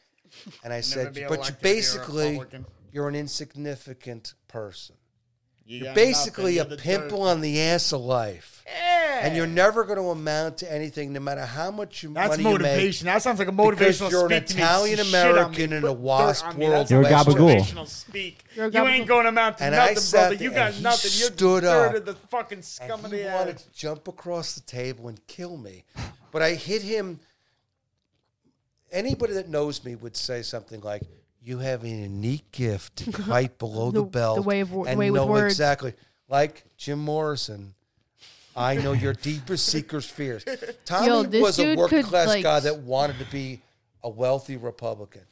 [SPEAKER 3] And I said,
[SPEAKER 4] be
[SPEAKER 3] But
[SPEAKER 4] elected
[SPEAKER 3] you
[SPEAKER 4] to be a
[SPEAKER 3] basically,
[SPEAKER 4] Republican."
[SPEAKER 3] you're an insignificant person.
[SPEAKER 4] You
[SPEAKER 3] You're
[SPEAKER 4] got
[SPEAKER 3] basically
[SPEAKER 4] nothing.
[SPEAKER 3] a
[SPEAKER 4] You're the
[SPEAKER 3] pimple
[SPEAKER 4] dirt.
[SPEAKER 3] on the ass of life. And you're never going to amount to anything, no matter how much you,
[SPEAKER 4] That's
[SPEAKER 3] money you make.
[SPEAKER 4] motivation. That sounds like a
[SPEAKER 3] Because
[SPEAKER 4] motivational
[SPEAKER 3] you're an
[SPEAKER 4] speak. to me.
[SPEAKER 3] Italian
[SPEAKER 4] Shit on me.
[SPEAKER 3] American in a
[SPEAKER 4] Put dirt
[SPEAKER 3] wasp
[SPEAKER 4] on me.
[SPEAKER 3] world
[SPEAKER 4] That's
[SPEAKER 2] You're a
[SPEAKER 4] not
[SPEAKER 2] gabagool.
[SPEAKER 4] motivational speak.
[SPEAKER 1] You're a
[SPEAKER 4] You ain't
[SPEAKER 1] gabagool.
[SPEAKER 4] going to amount to
[SPEAKER 3] And I
[SPEAKER 4] nothing,
[SPEAKER 3] sat
[SPEAKER 4] brother.
[SPEAKER 3] there
[SPEAKER 4] You
[SPEAKER 3] and
[SPEAKER 4] got
[SPEAKER 3] he
[SPEAKER 4] nothing. You're
[SPEAKER 3] stood
[SPEAKER 4] dirt
[SPEAKER 3] up.
[SPEAKER 4] of the fucking
[SPEAKER 3] and
[SPEAKER 4] scum of
[SPEAKER 3] he
[SPEAKER 4] the
[SPEAKER 3] wanted
[SPEAKER 4] earth.
[SPEAKER 3] to jump across the table and kill me. But I hit him. Anybody that knows me would say something like, "You have a unique gift to fight below the,
[SPEAKER 1] The- the
[SPEAKER 3] belt
[SPEAKER 1] way of wo-
[SPEAKER 3] and
[SPEAKER 1] way with
[SPEAKER 3] know
[SPEAKER 1] words."
[SPEAKER 3] exactly." Like Jim Morrison, I know your deepest secret fears. Tommy
[SPEAKER 1] Yo, this
[SPEAKER 3] was a
[SPEAKER 1] dude could,
[SPEAKER 3] working class
[SPEAKER 1] like-
[SPEAKER 3] guy that wanted to be a wealthy Republican.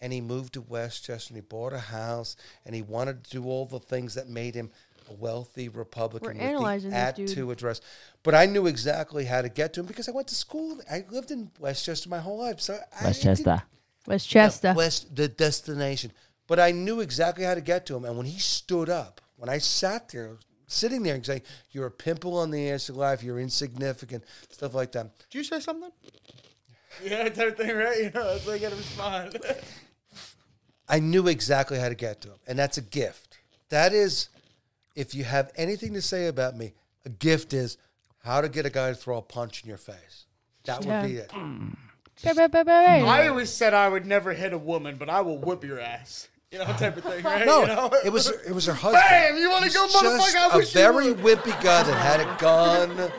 [SPEAKER 3] And he moved to Westchester and he bought a house and he wanted to do all the things that made him a wealthy Republican. with the
[SPEAKER 1] analyzing this
[SPEAKER 3] at
[SPEAKER 1] dude.
[SPEAKER 3] to address. But I knew exactly how to get to him because I went to school. I lived in Westchester my whole life. So I-
[SPEAKER 2] Westchester.
[SPEAKER 1] Westchester.
[SPEAKER 3] West, the destination. But I knew exactly how to get to him. And when he stood up, when I sat there sitting there and saying, You're a pimple on the ass of life, you're insignificant, stuff like that.
[SPEAKER 4] Did you say something?
[SPEAKER 7] Yeah, type thing, right? You know, that's how you gotta respond.
[SPEAKER 3] I knew exactly how to get to him. And that's a gift. That is, if you have anything to say about me, a gift is how to get a guy to throw a punch in your face. That would
[SPEAKER 1] Yeah.
[SPEAKER 3] be it.
[SPEAKER 7] I always said I would never hit a woman, but I will whip your ass. You know, type of thing, right?
[SPEAKER 3] No,
[SPEAKER 7] you know?
[SPEAKER 3] it was it was her husband.
[SPEAKER 7] Bam! You want to go,
[SPEAKER 3] Just
[SPEAKER 7] motherfucker? I
[SPEAKER 3] a
[SPEAKER 7] wish you
[SPEAKER 3] very
[SPEAKER 7] would.
[SPEAKER 3] whippy guy that had a gun.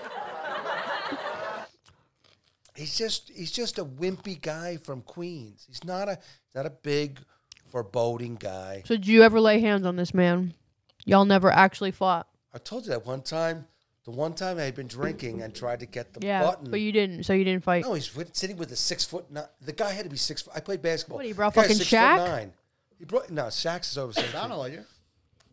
[SPEAKER 3] He's just he's just a wimpy guy from Queens. He's not a not a big foreboding guy.
[SPEAKER 1] So did you ever lay hands on this man? Y'all never actually fought.
[SPEAKER 3] I told you that one time. The one time I had been drinking and tried to get the
[SPEAKER 1] Yeah,
[SPEAKER 3] button.
[SPEAKER 1] but you didn't. So you didn't fight.
[SPEAKER 3] No, he's with, sitting with a six foot. Nine, the guy had to be six. foot. I played basketball.
[SPEAKER 1] What, he brought
[SPEAKER 3] The guy's
[SPEAKER 1] fucking
[SPEAKER 3] six foot
[SPEAKER 1] Shaq?
[SPEAKER 3] Nine. He brought no. Shaq's is over six. feet.
[SPEAKER 4] Sounded like you.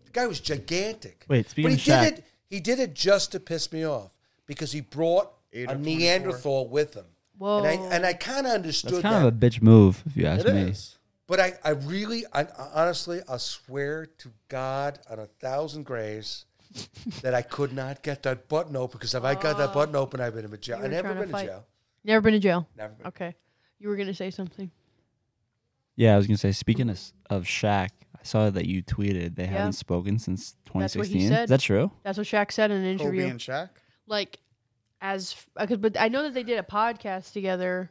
[SPEAKER 3] The guy was gigantic.
[SPEAKER 2] Wait,
[SPEAKER 3] but
[SPEAKER 2] speaking
[SPEAKER 3] he
[SPEAKER 2] of
[SPEAKER 3] did
[SPEAKER 2] Shaq-
[SPEAKER 3] it. He did it just to piss me off because he brought
[SPEAKER 4] Eight
[SPEAKER 3] a
[SPEAKER 4] of 24.
[SPEAKER 3] Neanderthal with him. And I
[SPEAKER 1] Whoa.
[SPEAKER 3] and I kind of
[SPEAKER 2] Oh. That's
[SPEAKER 3] understood
[SPEAKER 2] kind
[SPEAKER 3] that,
[SPEAKER 2] of a bitch move, if you ask
[SPEAKER 4] It
[SPEAKER 2] me.
[SPEAKER 4] is.
[SPEAKER 3] but I I really I, I honestly I swear to God on a thousand graves. that I could not get that button open because if I got that button open, I'd been in jail.
[SPEAKER 1] Ah. You were
[SPEAKER 3] I never
[SPEAKER 1] trying to
[SPEAKER 3] been in
[SPEAKER 1] fight.
[SPEAKER 3] jail.
[SPEAKER 1] Never been to jail.
[SPEAKER 3] Never been.
[SPEAKER 1] Okay. You were gonna say something.
[SPEAKER 2] Yeah, I was gonna say. Speaking of, s- of Shaq, I saw that you tweeted they
[SPEAKER 1] Yeah.
[SPEAKER 2] haven't spoken since
[SPEAKER 1] what he
[SPEAKER 2] 2016.
[SPEAKER 1] said.
[SPEAKER 2] Is that true?
[SPEAKER 1] That's what Shaq said in an interview.
[SPEAKER 4] Kobe and Shaq.
[SPEAKER 1] like, as because, but I know that they did a podcast together.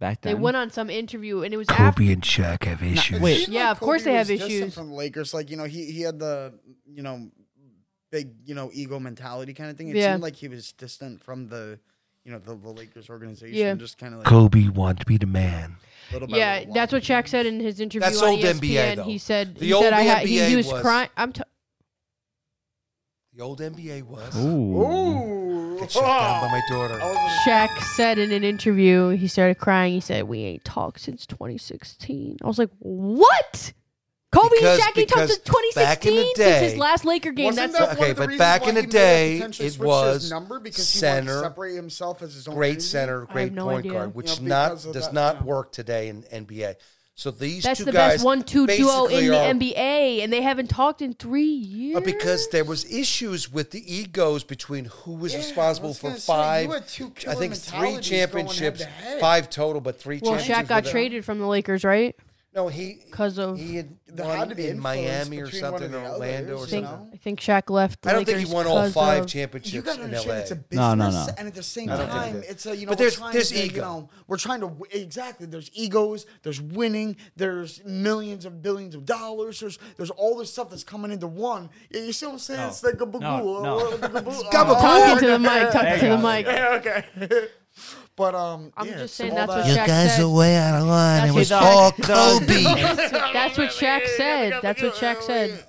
[SPEAKER 2] Back then,
[SPEAKER 1] They went on some interview, and it was after.
[SPEAKER 6] and Chuck have issues.
[SPEAKER 2] wait,
[SPEAKER 4] Seemed
[SPEAKER 1] Yeah, of course
[SPEAKER 4] Kobe
[SPEAKER 1] they have
[SPEAKER 4] was dissing
[SPEAKER 1] issues.
[SPEAKER 4] From the Lakers, like you know, he he had the you know big you know ego mentality kind of thing. It
[SPEAKER 1] Yeah.
[SPEAKER 4] seemed like he was distant from the you know the, the Lakers organization.
[SPEAKER 1] Yeah.
[SPEAKER 4] just kind of like
[SPEAKER 6] Kobe wanted to be the man.
[SPEAKER 4] little by
[SPEAKER 1] Yeah,
[SPEAKER 4] little
[SPEAKER 1] that's what
[SPEAKER 4] walking.
[SPEAKER 1] Shaq said in his interview.
[SPEAKER 3] That's
[SPEAKER 1] on E
[SPEAKER 3] old
[SPEAKER 1] ESPN.
[SPEAKER 3] NBA though.
[SPEAKER 1] He said
[SPEAKER 3] The
[SPEAKER 1] he
[SPEAKER 3] old
[SPEAKER 1] said I had he,
[SPEAKER 3] NBA
[SPEAKER 1] he was,
[SPEAKER 3] was-
[SPEAKER 1] crying. I'm t-
[SPEAKER 3] The old NBA was.
[SPEAKER 2] Ooh.
[SPEAKER 3] Get shut down by my daughter.
[SPEAKER 4] Oh,
[SPEAKER 1] Shaq said in an interview. He started crying. He said we ain't talked since 2016. I was like, what? Kobe
[SPEAKER 3] Because-
[SPEAKER 1] and Shaq ain't talked
[SPEAKER 3] because
[SPEAKER 1] since 2016
[SPEAKER 3] back in the
[SPEAKER 1] since
[SPEAKER 3] day-
[SPEAKER 1] his last Laker game.
[SPEAKER 4] Wasn't
[SPEAKER 1] that's
[SPEAKER 4] that
[SPEAKER 3] okay,
[SPEAKER 4] one of
[SPEAKER 3] but
[SPEAKER 4] the reasons
[SPEAKER 3] back
[SPEAKER 4] why
[SPEAKER 3] in the
[SPEAKER 4] he may have
[SPEAKER 3] day,
[SPEAKER 4] potentially
[SPEAKER 3] it
[SPEAKER 4] switched his
[SPEAKER 3] was
[SPEAKER 4] number because he
[SPEAKER 3] center,
[SPEAKER 4] wanted to separate himself as his own
[SPEAKER 3] great
[SPEAKER 4] entity?
[SPEAKER 3] center, great
[SPEAKER 1] no
[SPEAKER 3] point
[SPEAKER 1] idea.
[SPEAKER 3] guard, which
[SPEAKER 4] You know,
[SPEAKER 3] not
[SPEAKER 4] because of
[SPEAKER 3] does
[SPEAKER 4] that,
[SPEAKER 3] not
[SPEAKER 4] yeah.
[SPEAKER 3] work today in NBA. So these
[SPEAKER 1] that's
[SPEAKER 3] two
[SPEAKER 1] the
[SPEAKER 3] guys
[SPEAKER 1] best one-two duo
[SPEAKER 3] basically
[SPEAKER 1] in the
[SPEAKER 3] are-
[SPEAKER 1] NBA, and they haven't talked in three years.
[SPEAKER 3] uh, because there was issues with the egos between who was
[SPEAKER 4] Yeah, I
[SPEAKER 3] responsible
[SPEAKER 4] was
[SPEAKER 3] for
[SPEAKER 4] gonna say, you
[SPEAKER 3] five.
[SPEAKER 4] had two
[SPEAKER 3] I
[SPEAKER 4] killer
[SPEAKER 3] think three
[SPEAKER 4] mentalities going head to
[SPEAKER 3] championships,
[SPEAKER 4] head.
[SPEAKER 3] five total, but three.
[SPEAKER 1] well, Shaq
[SPEAKER 3] championships
[SPEAKER 1] got
[SPEAKER 3] with-
[SPEAKER 1] traded from the Lakers, right?
[SPEAKER 3] No, he
[SPEAKER 1] 'Cause of-
[SPEAKER 3] he had
[SPEAKER 4] There
[SPEAKER 3] won
[SPEAKER 4] had to be
[SPEAKER 3] in Miami or
[SPEAKER 4] influence between one
[SPEAKER 3] something,
[SPEAKER 4] or
[SPEAKER 3] or
[SPEAKER 4] the
[SPEAKER 3] Orlando
[SPEAKER 4] others,
[SPEAKER 1] I
[SPEAKER 3] or
[SPEAKER 4] you
[SPEAKER 1] think,
[SPEAKER 3] something.
[SPEAKER 4] know?
[SPEAKER 1] I think Shaq left. The
[SPEAKER 3] I don't think he
[SPEAKER 1] Lakers
[SPEAKER 3] won all
[SPEAKER 1] 'cause
[SPEAKER 3] five
[SPEAKER 1] of-
[SPEAKER 4] You
[SPEAKER 3] championships
[SPEAKER 4] gotta
[SPEAKER 3] in
[SPEAKER 4] understand
[SPEAKER 3] LA.
[SPEAKER 4] it's a business,
[SPEAKER 2] No, no, no.
[SPEAKER 4] and at the same
[SPEAKER 3] don't think
[SPEAKER 4] time,
[SPEAKER 3] it is.
[SPEAKER 4] it's a you know.
[SPEAKER 3] But
[SPEAKER 4] we're
[SPEAKER 3] there's-
[SPEAKER 4] trying
[SPEAKER 3] there's
[SPEAKER 4] to,
[SPEAKER 3] ego.
[SPEAKER 4] You know, we're trying to exactly. There's egos. There's winning. There's millions and billions of dollars. There's there's all this stuff that's coming into one. You, you see what I'm saying? It's like a
[SPEAKER 2] No, no.
[SPEAKER 1] Talking to the mic, talking to the mic.
[SPEAKER 4] Oh, Okay. But um,
[SPEAKER 1] I'm
[SPEAKER 4] yeah,
[SPEAKER 1] just
[SPEAKER 4] it's
[SPEAKER 1] saying
[SPEAKER 4] all
[SPEAKER 1] that's what
[SPEAKER 4] that-
[SPEAKER 1] Shaq said.
[SPEAKER 6] way out of line.
[SPEAKER 1] That's what Shaq-
[SPEAKER 6] Kobe.
[SPEAKER 1] That's what Shaq said. That's what Shaq said.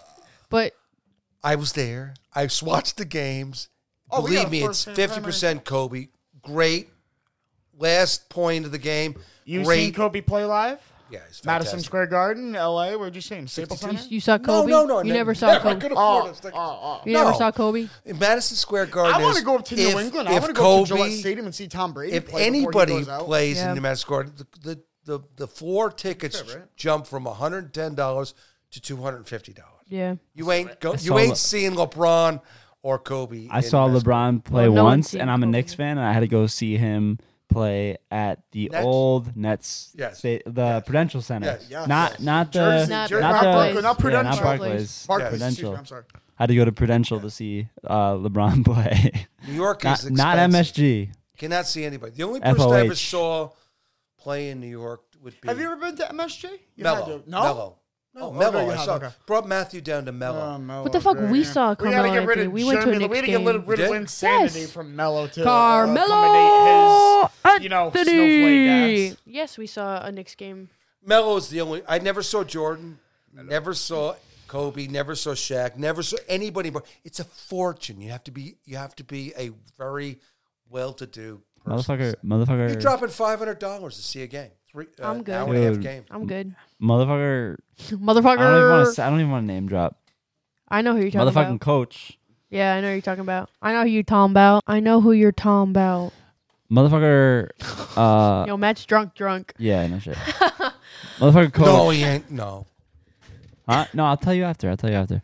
[SPEAKER 1] But
[SPEAKER 3] I was there. I watched the games.
[SPEAKER 4] Oh, we got
[SPEAKER 3] Believe
[SPEAKER 4] a
[SPEAKER 3] me, it's
[SPEAKER 4] first-hand
[SPEAKER 3] fifty percent Kobe. Great last point of the game.
[SPEAKER 7] You
[SPEAKER 3] Great.
[SPEAKER 7] seen Kobe play live?
[SPEAKER 3] Yeah, he's
[SPEAKER 4] Madison
[SPEAKER 3] fantastic.
[SPEAKER 4] Square Garden, L.A. Where'd you see him? Staples Center.
[SPEAKER 1] you saw Kobe.
[SPEAKER 3] No, no, no.
[SPEAKER 1] You
[SPEAKER 3] no,
[SPEAKER 1] never saw
[SPEAKER 3] I
[SPEAKER 1] Kobe.
[SPEAKER 3] could afford
[SPEAKER 4] Oh,
[SPEAKER 3] it. It's like-
[SPEAKER 4] oh, oh.
[SPEAKER 1] You never
[SPEAKER 3] No.
[SPEAKER 1] saw Kobe.
[SPEAKER 3] In Madison Square Garden.
[SPEAKER 4] I want
[SPEAKER 3] is-
[SPEAKER 4] to go up to New
[SPEAKER 3] if-
[SPEAKER 4] England. I
[SPEAKER 3] if
[SPEAKER 4] want to go up to
[SPEAKER 3] Kobe-
[SPEAKER 4] Gillette Stadium and see Tom Brady.
[SPEAKER 3] If
[SPEAKER 4] play before he
[SPEAKER 3] anybody
[SPEAKER 4] goes out.
[SPEAKER 3] plays
[SPEAKER 1] Yeah.
[SPEAKER 3] in the Madison Square Garden, the the, the, the floor tickets jump from one hundred and ten dollars to two hundred and fifty dollars.
[SPEAKER 1] Yeah.
[SPEAKER 3] You ain't go, you
[SPEAKER 2] saw
[SPEAKER 3] ain't
[SPEAKER 2] Le-
[SPEAKER 3] seeing LeBron or Kobe.
[SPEAKER 2] I
[SPEAKER 3] in
[SPEAKER 2] saw
[SPEAKER 3] Madison.
[SPEAKER 2] LeBron play
[SPEAKER 1] Well, no one's
[SPEAKER 2] once,
[SPEAKER 1] seen
[SPEAKER 2] and I'm a
[SPEAKER 1] Kobe.
[SPEAKER 2] Knicks fan, and I had to go see him play at the
[SPEAKER 3] Nets?
[SPEAKER 2] old Nets,
[SPEAKER 3] Yes.
[SPEAKER 2] sta- the Prudential Center,
[SPEAKER 3] Yes,
[SPEAKER 4] yes,
[SPEAKER 2] not
[SPEAKER 4] yes.
[SPEAKER 2] not the
[SPEAKER 4] Jersey,
[SPEAKER 1] Not the-
[SPEAKER 4] Jersey,
[SPEAKER 2] not,
[SPEAKER 4] not
[SPEAKER 2] the
[SPEAKER 4] Barclays, not
[SPEAKER 2] yeah,
[SPEAKER 4] Prudential.
[SPEAKER 2] not Barclays,
[SPEAKER 4] Barclays, excuse
[SPEAKER 2] Prudential.
[SPEAKER 4] me, I'm sorry.
[SPEAKER 2] I had to go to Prudential to see uh, LeBron play,
[SPEAKER 3] New York
[SPEAKER 2] not,
[SPEAKER 3] is
[SPEAKER 2] not
[SPEAKER 3] expensive.
[SPEAKER 2] MSG.
[SPEAKER 3] Cannot see anybody. The only person I ever
[SPEAKER 2] FOH.
[SPEAKER 3] saw play in New York would be
[SPEAKER 4] Have you ever been to MSG? You had
[SPEAKER 3] Mello.
[SPEAKER 4] to- No.
[SPEAKER 3] Mello. No,
[SPEAKER 4] Oh,
[SPEAKER 3] Mello.
[SPEAKER 4] okay, you
[SPEAKER 3] I
[SPEAKER 4] have,
[SPEAKER 3] saw.
[SPEAKER 4] okay.
[SPEAKER 3] Brought Matthew down to Mello.
[SPEAKER 4] Oh, Mello,
[SPEAKER 1] What the fuck?
[SPEAKER 4] okay,
[SPEAKER 1] We
[SPEAKER 4] yeah.
[SPEAKER 1] saw
[SPEAKER 7] We gotta
[SPEAKER 1] Carmelo
[SPEAKER 7] get rid
[SPEAKER 1] Anthony.
[SPEAKER 7] of
[SPEAKER 1] We went to a
[SPEAKER 7] Jeremy- We
[SPEAKER 1] Knicks
[SPEAKER 7] gotta get rid
[SPEAKER 1] game.
[SPEAKER 7] rid
[SPEAKER 3] You
[SPEAKER 7] of
[SPEAKER 3] did?
[SPEAKER 7] insanity
[SPEAKER 1] Yes.
[SPEAKER 4] from Mello to uh,
[SPEAKER 1] Carmelo
[SPEAKER 7] accommodate his, you know, snowflake
[SPEAKER 1] Anthony.
[SPEAKER 7] ass.
[SPEAKER 1] Yes, we saw a Knicks game.
[SPEAKER 3] Melo is the only. I never saw Jordan. Never saw Kobe. Never saw Shaq. Never saw anybody. But it's a fortune. You have to be. You have to be a very well-to-do person.
[SPEAKER 2] Motherfucker,
[SPEAKER 3] You're
[SPEAKER 2] motherfucker,
[SPEAKER 3] dropping five hundred dollars to see a game. Three. Uh,
[SPEAKER 1] I'm good.
[SPEAKER 3] Hour and a half
[SPEAKER 2] Dude.
[SPEAKER 3] game.
[SPEAKER 1] I'm good.
[SPEAKER 2] motherfucker. I don't even want
[SPEAKER 1] Motherfucker.
[SPEAKER 2] to. I don't even want to name drop.
[SPEAKER 1] I know who you're talking
[SPEAKER 2] Motherfucking
[SPEAKER 1] about.
[SPEAKER 2] coach,
[SPEAKER 1] Yeah, I know who you're talking about. I know who you're talking about. I know who you're talking about.
[SPEAKER 2] motherfucker. Uh,
[SPEAKER 1] Yo, Matt's drunk, drunk.
[SPEAKER 2] yeah, no shit. motherfucker, coach.
[SPEAKER 3] No, he ain't. No.
[SPEAKER 2] Huh? No, I'll tell you after. I'll tell you after.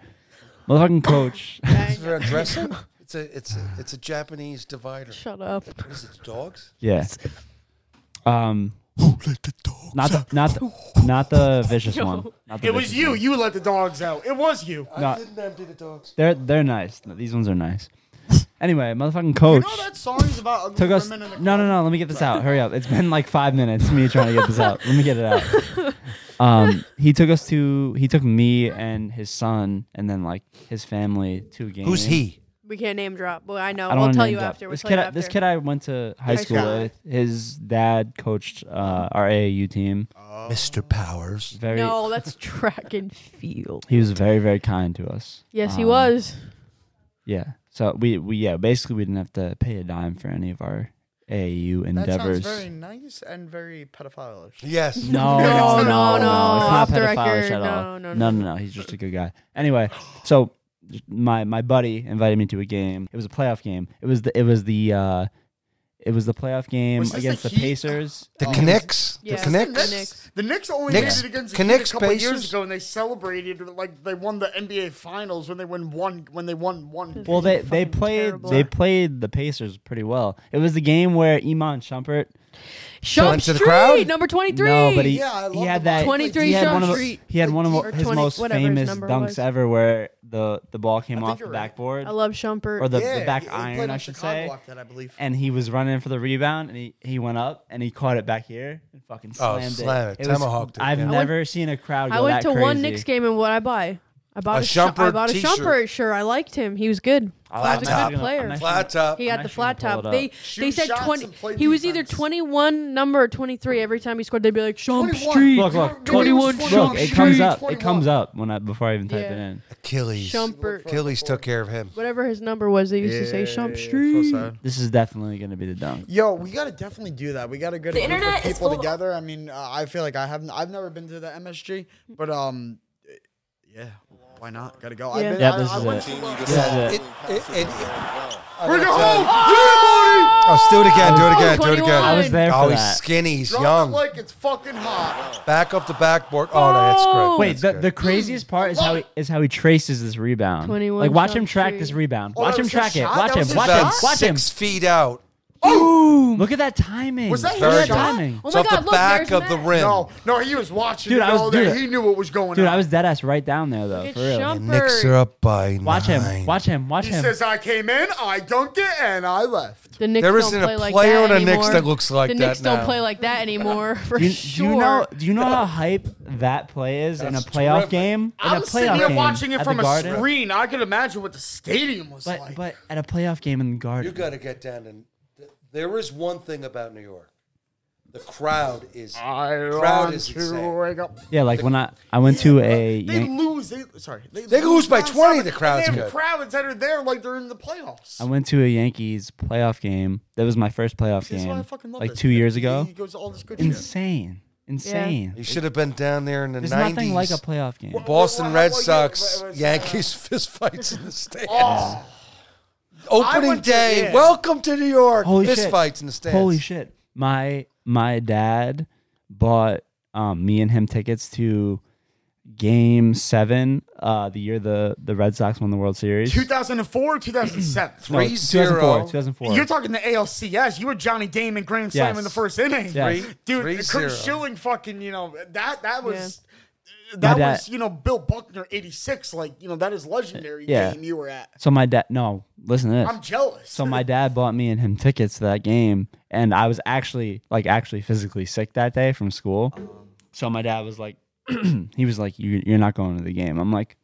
[SPEAKER 2] Motherfucking coach.
[SPEAKER 3] It's for addressing. It's a it's a, it's a Japanese divider.
[SPEAKER 1] Shut up.
[SPEAKER 3] What is it? Dogs?
[SPEAKER 2] yeah. Um. Not the not the not the vicious one. Not the
[SPEAKER 7] It was
[SPEAKER 2] vicious
[SPEAKER 7] you.
[SPEAKER 2] one.
[SPEAKER 7] You let the dogs out. It was you.
[SPEAKER 2] No.
[SPEAKER 3] I didn't empty the dogs.
[SPEAKER 2] They're they're nice. No, These ones are nice. Anyway, motherfucking coach
[SPEAKER 4] You know that song's about ugly
[SPEAKER 2] took us.
[SPEAKER 4] women in the
[SPEAKER 2] No, no, no. Let me get this out. Hurry up. It's been like five minutes. Me trying to get this out. Let me get it out. Um, he took us to. He took me and his son, and then like his family to a game.
[SPEAKER 3] Who's he?
[SPEAKER 1] We can't name drop. Well, I know.
[SPEAKER 2] I don't
[SPEAKER 1] we'll
[SPEAKER 2] wanna
[SPEAKER 1] tell
[SPEAKER 2] name
[SPEAKER 1] you
[SPEAKER 2] drop.
[SPEAKER 1] after. We'll
[SPEAKER 2] This
[SPEAKER 1] tell
[SPEAKER 2] kid,
[SPEAKER 1] you
[SPEAKER 2] I-
[SPEAKER 1] after.
[SPEAKER 2] this kid, I went to high
[SPEAKER 1] High
[SPEAKER 2] school
[SPEAKER 1] school.
[SPEAKER 2] with. His dad coached uh, our AAU team.
[SPEAKER 3] Mr. Powers.
[SPEAKER 2] Very.
[SPEAKER 1] No, that's track and field.
[SPEAKER 2] He was very, very kind to us.
[SPEAKER 1] Yes, he
[SPEAKER 2] Um,
[SPEAKER 1] was.
[SPEAKER 2] Yeah. So we, we yeah, basically we didn't have to pay a dime for any of our AAU
[SPEAKER 4] That
[SPEAKER 2] endeavors.
[SPEAKER 4] sounds very nice and very pedophilish.
[SPEAKER 3] Yes.
[SPEAKER 2] No,
[SPEAKER 1] No, no, no.
[SPEAKER 2] no, no, no, It's not
[SPEAKER 1] Off the
[SPEAKER 2] pedophilish
[SPEAKER 1] record.
[SPEAKER 2] at all.
[SPEAKER 1] No, no,
[SPEAKER 2] no,
[SPEAKER 1] no.
[SPEAKER 2] no, no. He's just a good guy. Anyway, so my my buddy invited me to a game. It was a playoff game. It was the it was the uh, it was the playoff game
[SPEAKER 4] Was this the
[SPEAKER 2] against the,
[SPEAKER 4] Heat?
[SPEAKER 2] Pacers.
[SPEAKER 3] The Knicks.
[SPEAKER 1] Yeah.
[SPEAKER 3] The
[SPEAKER 1] It's
[SPEAKER 3] Knicks.
[SPEAKER 1] the Knicks.
[SPEAKER 4] The Knicks only
[SPEAKER 3] Knicks-
[SPEAKER 4] made it against the
[SPEAKER 3] Can
[SPEAKER 4] Heat
[SPEAKER 3] Knicks
[SPEAKER 4] a couple years
[SPEAKER 3] Pacers-
[SPEAKER 4] ago, and they celebrated like they won the NBA Finals when they won one when they won one.
[SPEAKER 2] Well, they
[SPEAKER 1] Fucking
[SPEAKER 2] they played
[SPEAKER 1] terrible.
[SPEAKER 2] they played the Pacers pretty well. It was the game where Iman Shumpert.
[SPEAKER 1] Shump
[SPEAKER 3] Went to the
[SPEAKER 1] Street,
[SPEAKER 3] crowd?
[SPEAKER 1] number 23.
[SPEAKER 2] No, but he,
[SPEAKER 4] Yeah, I
[SPEAKER 2] he
[SPEAKER 4] love
[SPEAKER 2] had
[SPEAKER 4] the
[SPEAKER 2] that
[SPEAKER 4] Mike
[SPEAKER 1] 23
[SPEAKER 2] he had
[SPEAKER 1] Shump
[SPEAKER 2] one of the-
[SPEAKER 1] Street.
[SPEAKER 2] He had one of
[SPEAKER 1] Or
[SPEAKER 2] his
[SPEAKER 1] 20
[SPEAKER 2] most
[SPEAKER 1] whatever his
[SPEAKER 2] famous
[SPEAKER 1] number
[SPEAKER 2] dunks
[SPEAKER 1] was.
[SPEAKER 2] ever, where the the ball came off the
[SPEAKER 4] you're right.
[SPEAKER 2] backboard.
[SPEAKER 1] I love Shumpert.
[SPEAKER 2] or the,
[SPEAKER 4] Yeah,
[SPEAKER 2] the back
[SPEAKER 4] he- he played
[SPEAKER 2] iron, I
[SPEAKER 4] on
[SPEAKER 2] should
[SPEAKER 4] Chicago
[SPEAKER 2] say.
[SPEAKER 4] like that, I believe.
[SPEAKER 2] And he was running for the rebound, and he, he went up and he caught it back here and fucking
[SPEAKER 3] Oh,
[SPEAKER 2] slammed
[SPEAKER 3] slam it.
[SPEAKER 2] it. was-
[SPEAKER 3] Tomahawked it,
[SPEAKER 2] I've
[SPEAKER 3] yeah. I
[SPEAKER 2] never seen a crowd. Go
[SPEAKER 1] I went to
[SPEAKER 2] that
[SPEAKER 1] one
[SPEAKER 2] crazy.
[SPEAKER 1] Knicks game and what I buy. I bought
[SPEAKER 3] A
[SPEAKER 1] a, Shum- I
[SPEAKER 3] Shumpert
[SPEAKER 1] bought a
[SPEAKER 3] t-shirt.
[SPEAKER 1] Shumpert shirt. I liked him. He was good.
[SPEAKER 2] I'll-
[SPEAKER 3] Flat
[SPEAKER 2] I'm
[SPEAKER 3] top.
[SPEAKER 2] actually gonna- I'm
[SPEAKER 1] Player.
[SPEAKER 2] actually
[SPEAKER 3] Flat top.
[SPEAKER 1] He had
[SPEAKER 2] I'm
[SPEAKER 1] the
[SPEAKER 2] actually
[SPEAKER 1] flat
[SPEAKER 2] gonna pull
[SPEAKER 1] top.
[SPEAKER 2] it up.
[SPEAKER 1] They
[SPEAKER 4] Shoot
[SPEAKER 1] they said
[SPEAKER 4] shots
[SPEAKER 1] twenty.
[SPEAKER 4] and play
[SPEAKER 1] He was either
[SPEAKER 4] defense.
[SPEAKER 1] twenty one number or twenty three every time he scored. They'd be like Shump
[SPEAKER 4] 21.
[SPEAKER 1] Street.
[SPEAKER 2] look, look, 21
[SPEAKER 4] Look,
[SPEAKER 2] look, it
[SPEAKER 4] Street.
[SPEAKER 2] comes up. It
[SPEAKER 4] 21.
[SPEAKER 2] comes up when I before I even type
[SPEAKER 1] Yeah.
[SPEAKER 2] it in.
[SPEAKER 3] Achilles.
[SPEAKER 1] Shumpert.
[SPEAKER 3] Achilles took care of him.
[SPEAKER 1] Whatever his number was, they used to say Shump Street.
[SPEAKER 2] This is definitely gonna be the dunk.
[SPEAKER 4] Yo, we gotta definitely do that. We gotta get
[SPEAKER 8] The
[SPEAKER 4] a group of
[SPEAKER 8] internet is
[SPEAKER 4] people
[SPEAKER 8] full of-
[SPEAKER 4] together. I mean, uh, I feel like I haven't. I've never been to the MSG, but um, eh, yeah, why not? Gotta go.
[SPEAKER 1] Yeah.
[SPEAKER 4] I've been,
[SPEAKER 2] Yeah,
[SPEAKER 4] I,
[SPEAKER 2] this
[SPEAKER 4] I
[SPEAKER 2] is
[SPEAKER 4] went
[SPEAKER 2] it.
[SPEAKER 4] to- uh,
[SPEAKER 2] This is
[SPEAKER 3] It,
[SPEAKER 2] it.
[SPEAKER 3] it, it,
[SPEAKER 4] Bring it
[SPEAKER 3] Oh!
[SPEAKER 4] home.
[SPEAKER 3] oh, do it again. Do it again. Do it
[SPEAKER 1] 21.
[SPEAKER 3] again.
[SPEAKER 2] I was there
[SPEAKER 3] Oh,
[SPEAKER 2] for
[SPEAKER 3] he's
[SPEAKER 2] that.
[SPEAKER 3] skinny. He's
[SPEAKER 4] Drop
[SPEAKER 3] young.
[SPEAKER 4] like it's fucking hot.
[SPEAKER 3] Back up the backboard. Oh, no, that's
[SPEAKER 1] Oh.
[SPEAKER 3] great.
[SPEAKER 2] Wait,
[SPEAKER 3] That's
[SPEAKER 2] the,
[SPEAKER 3] good.
[SPEAKER 2] the craziest part is how he is how he traces this rebound.
[SPEAKER 1] 21
[SPEAKER 2] Like watch
[SPEAKER 1] Shum
[SPEAKER 2] him track
[SPEAKER 1] Street.
[SPEAKER 2] this rebound.
[SPEAKER 4] Oh,
[SPEAKER 2] Watch
[SPEAKER 4] that
[SPEAKER 2] him
[SPEAKER 4] was
[SPEAKER 2] track
[SPEAKER 4] his
[SPEAKER 2] it.
[SPEAKER 4] shot?
[SPEAKER 2] Watch
[SPEAKER 4] That
[SPEAKER 2] him.
[SPEAKER 4] was his
[SPEAKER 2] Watch
[SPEAKER 3] about
[SPEAKER 2] him.
[SPEAKER 4] shot?
[SPEAKER 2] Watch him.
[SPEAKER 3] six feet out.
[SPEAKER 2] Look at that timing.
[SPEAKER 4] Was that
[SPEAKER 2] Look at
[SPEAKER 3] his
[SPEAKER 2] that
[SPEAKER 3] shot?
[SPEAKER 2] timing.
[SPEAKER 1] Oh
[SPEAKER 3] It's
[SPEAKER 1] my
[SPEAKER 3] off
[SPEAKER 1] God,
[SPEAKER 3] the
[SPEAKER 1] look,
[SPEAKER 3] back
[SPEAKER 1] there's
[SPEAKER 3] of the
[SPEAKER 1] Matt.
[SPEAKER 3] rim.
[SPEAKER 4] No, no, he was watching.
[SPEAKER 2] Dude,
[SPEAKER 4] it
[SPEAKER 2] I was-
[SPEAKER 4] all day.
[SPEAKER 2] dude, I-
[SPEAKER 4] he knew what was going
[SPEAKER 2] Dude,
[SPEAKER 4] on.
[SPEAKER 2] I was dead ass right down there though,
[SPEAKER 1] It's
[SPEAKER 2] for real.
[SPEAKER 3] Knicks are
[SPEAKER 1] Shumpert.
[SPEAKER 3] up by
[SPEAKER 2] Watch
[SPEAKER 3] nine.
[SPEAKER 2] him. Watch him. Watch
[SPEAKER 4] he
[SPEAKER 2] him.
[SPEAKER 4] says, "I came in, I dunked it, and I left."
[SPEAKER 1] The Knicks
[SPEAKER 3] There
[SPEAKER 1] don't
[SPEAKER 3] isn't a
[SPEAKER 1] play like
[SPEAKER 3] player
[SPEAKER 1] that
[SPEAKER 3] on the Knicks
[SPEAKER 1] anymore.
[SPEAKER 3] that looks like
[SPEAKER 1] the
[SPEAKER 3] that
[SPEAKER 1] Knicks
[SPEAKER 3] now.
[SPEAKER 1] don't play like that anymore for
[SPEAKER 2] do, you,
[SPEAKER 1] sure.
[SPEAKER 2] do you know? Do you know how hype that play is in a
[SPEAKER 3] That's
[SPEAKER 2] playoff
[SPEAKER 3] terrific.
[SPEAKER 2] game? In
[SPEAKER 4] I
[SPEAKER 2] a
[SPEAKER 4] was
[SPEAKER 2] playoff
[SPEAKER 4] sitting there
[SPEAKER 2] game
[SPEAKER 4] watching
[SPEAKER 2] at
[SPEAKER 4] it
[SPEAKER 2] the
[SPEAKER 4] from a
[SPEAKER 2] Garden?
[SPEAKER 4] screen. I could imagine what the stadium was
[SPEAKER 2] But
[SPEAKER 4] like.
[SPEAKER 2] but at a playoff game in the
[SPEAKER 3] You
[SPEAKER 2] Garden,
[SPEAKER 3] got to get down and. th- There is one thing about New York. The crowd is.
[SPEAKER 4] I
[SPEAKER 3] Crowd
[SPEAKER 4] want
[SPEAKER 3] is
[SPEAKER 4] to
[SPEAKER 3] insane.
[SPEAKER 4] wake up.
[SPEAKER 2] yeah. Like when I I went to a
[SPEAKER 4] They
[SPEAKER 2] Yan-
[SPEAKER 4] lose. They sorry. They,
[SPEAKER 3] They lose by
[SPEAKER 4] by
[SPEAKER 3] 20, the crowd's
[SPEAKER 4] They have
[SPEAKER 3] good.
[SPEAKER 4] crowds that are there like they're in the playoffs.
[SPEAKER 2] I went to a Yankees playoff game. That was my first playoff
[SPEAKER 4] This is why I
[SPEAKER 2] game,
[SPEAKER 4] fucking love
[SPEAKER 2] like
[SPEAKER 4] this.
[SPEAKER 2] two
[SPEAKER 4] He-
[SPEAKER 2] years ago.
[SPEAKER 4] He goes to all this good shit.
[SPEAKER 2] Insane, insane.
[SPEAKER 3] You should have been down there in the
[SPEAKER 2] There's
[SPEAKER 3] 90s.
[SPEAKER 2] nothing like a playoff game.
[SPEAKER 3] Boston
[SPEAKER 4] Well,
[SPEAKER 3] Red
[SPEAKER 4] well, you-
[SPEAKER 3] Sox,
[SPEAKER 4] well, it's, uh,
[SPEAKER 3] Yankees fistfights in the stands.
[SPEAKER 4] Oh, I
[SPEAKER 3] Opening
[SPEAKER 4] went to-
[SPEAKER 3] day.
[SPEAKER 4] yeah.
[SPEAKER 3] Welcome to New York.
[SPEAKER 2] Holy
[SPEAKER 3] fist
[SPEAKER 2] shit.
[SPEAKER 3] fights in the stands.
[SPEAKER 2] Holy shit! My my dad bought um, me and him tickets to Game Seven, uh, the year the the Red Sox won the World Series.
[SPEAKER 4] 2004, 2007.
[SPEAKER 2] No,
[SPEAKER 3] 3 0.
[SPEAKER 2] 2004, 2004.
[SPEAKER 4] You're talking the ALCS. You were Johnny Damon grand slam in
[SPEAKER 2] Yes.
[SPEAKER 4] the first inning,
[SPEAKER 2] Yes.
[SPEAKER 4] dude.
[SPEAKER 3] Three
[SPEAKER 4] Kurt
[SPEAKER 3] zero.
[SPEAKER 4] Schilling, fucking, you know that that was that
[SPEAKER 2] My dad-
[SPEAKER 4] was you know Bill Buckner '86. Like you know that is legendary
[SPEAKER 2] Yeah.
[SPEAKER 4] game you were at.
[SPEAKER 2] so my dad, no, listen to this.
[SPEAKER 4] I'm jealous.
[SPEAKER 2] so my dad bought me and him tickets to that game, and I was actually like actually physically sick that day from school. So my dad was like, he was like, you, "You're not going to the game." I'm like,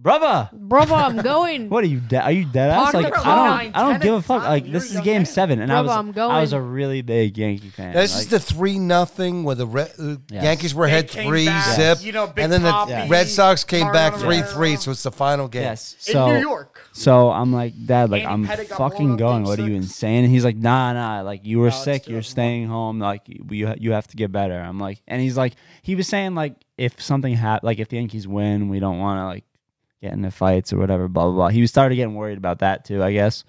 [SPEAKER 2] "Brother,
[SPEAKER 1] Bravo, I'm going.
[SPEAKER 2] What are you? De- are you dead ass?
[SPEAKER 1] Parker
[SPEAKER 2] Like
[SPEAKER 1] was
[SPEAKER 2] I
[SPEAKER 4] nine,
[SPEAKER 2] don't, I
[SPEAKER 4] ten
[SPEAKER 2] don't give
[SPEAKER 4] at
[SPEAKER 2] a
[SPEAKER 4] the
[SPEAKER 2] fuck.
[SPEAKER 4] time.
[SPEAKER 2] Like
[SPEAKER 4] You
[SPEAKER 2] this
[SPEAKER 4] were
[SPEAKER 2] is
[SPEAKER 4] young
[SPEAKER 2] game
[SPEAKER 4] man.
[SPEAKER 2] seven, and I
[SPEAKER 1] Bubba,
[SPEAKER 2] was,
[SPEAKER 1] I'm going.
[SPEAKER 2] I was a really big Yankee fan.
[SPEAKER 3] Now, this
[SPEAKER 2] Like,
[SPEAKER 3] is the 3 nothing where the Re- uh,
[SPEAKER 2] Yes.
[SPEAKER 3] Yankees were
[SPEAKER 4] They
[SPEAKER 3] ahead
[SPEAKER 4] came
[SPEAKER 3] 3
[SPEAKER 4] back,
[SPEAKER 3] zip.
[SPEAKER 4] you know, Big
[SPEAKER 3] and then the
[SPEAKER 4] Poppy,
[SPEAKER 3] Red Sox came back
[SPEAKER 4] Mariano
[SPEAKER 3] 3
[SPEAKER 4] Rivera.
[SPEAKER 3] 3, so it's the final game.
[SPEAKER 2] yes.
[SPEAKER 4] in
[SPEAKER 2] So
[SPEAKER 4] New York.
[SPEAKER 2] So I'm like, Dad, like
[SPEAKER 4] Andy
[SPEAKER 2] I'm
[SPEAKER 4] Pettit got blown
[SPEAKER 2] fucking
[SPEAKER 4] up
[SPEAKER 2] going.
[SPEAKER 4] game
[SPEAKER 2] What are you
[SPEAKER 4] six.
[SPEAKER 2] insane? And he's like, Nah, nah. Like you were
[SPEAKER 4] it's
[SPEAKER 2] sick. You're
[SPEAKER 4] 2001.
[SPEAKER 2] staying home. Like you, you have to get better. I'm like, and he's like, he was saying like if something hap like if the Yankees win, we don't want to like get into fights or whatever. Blah blah blah. He was started getting worried about that too. I guess.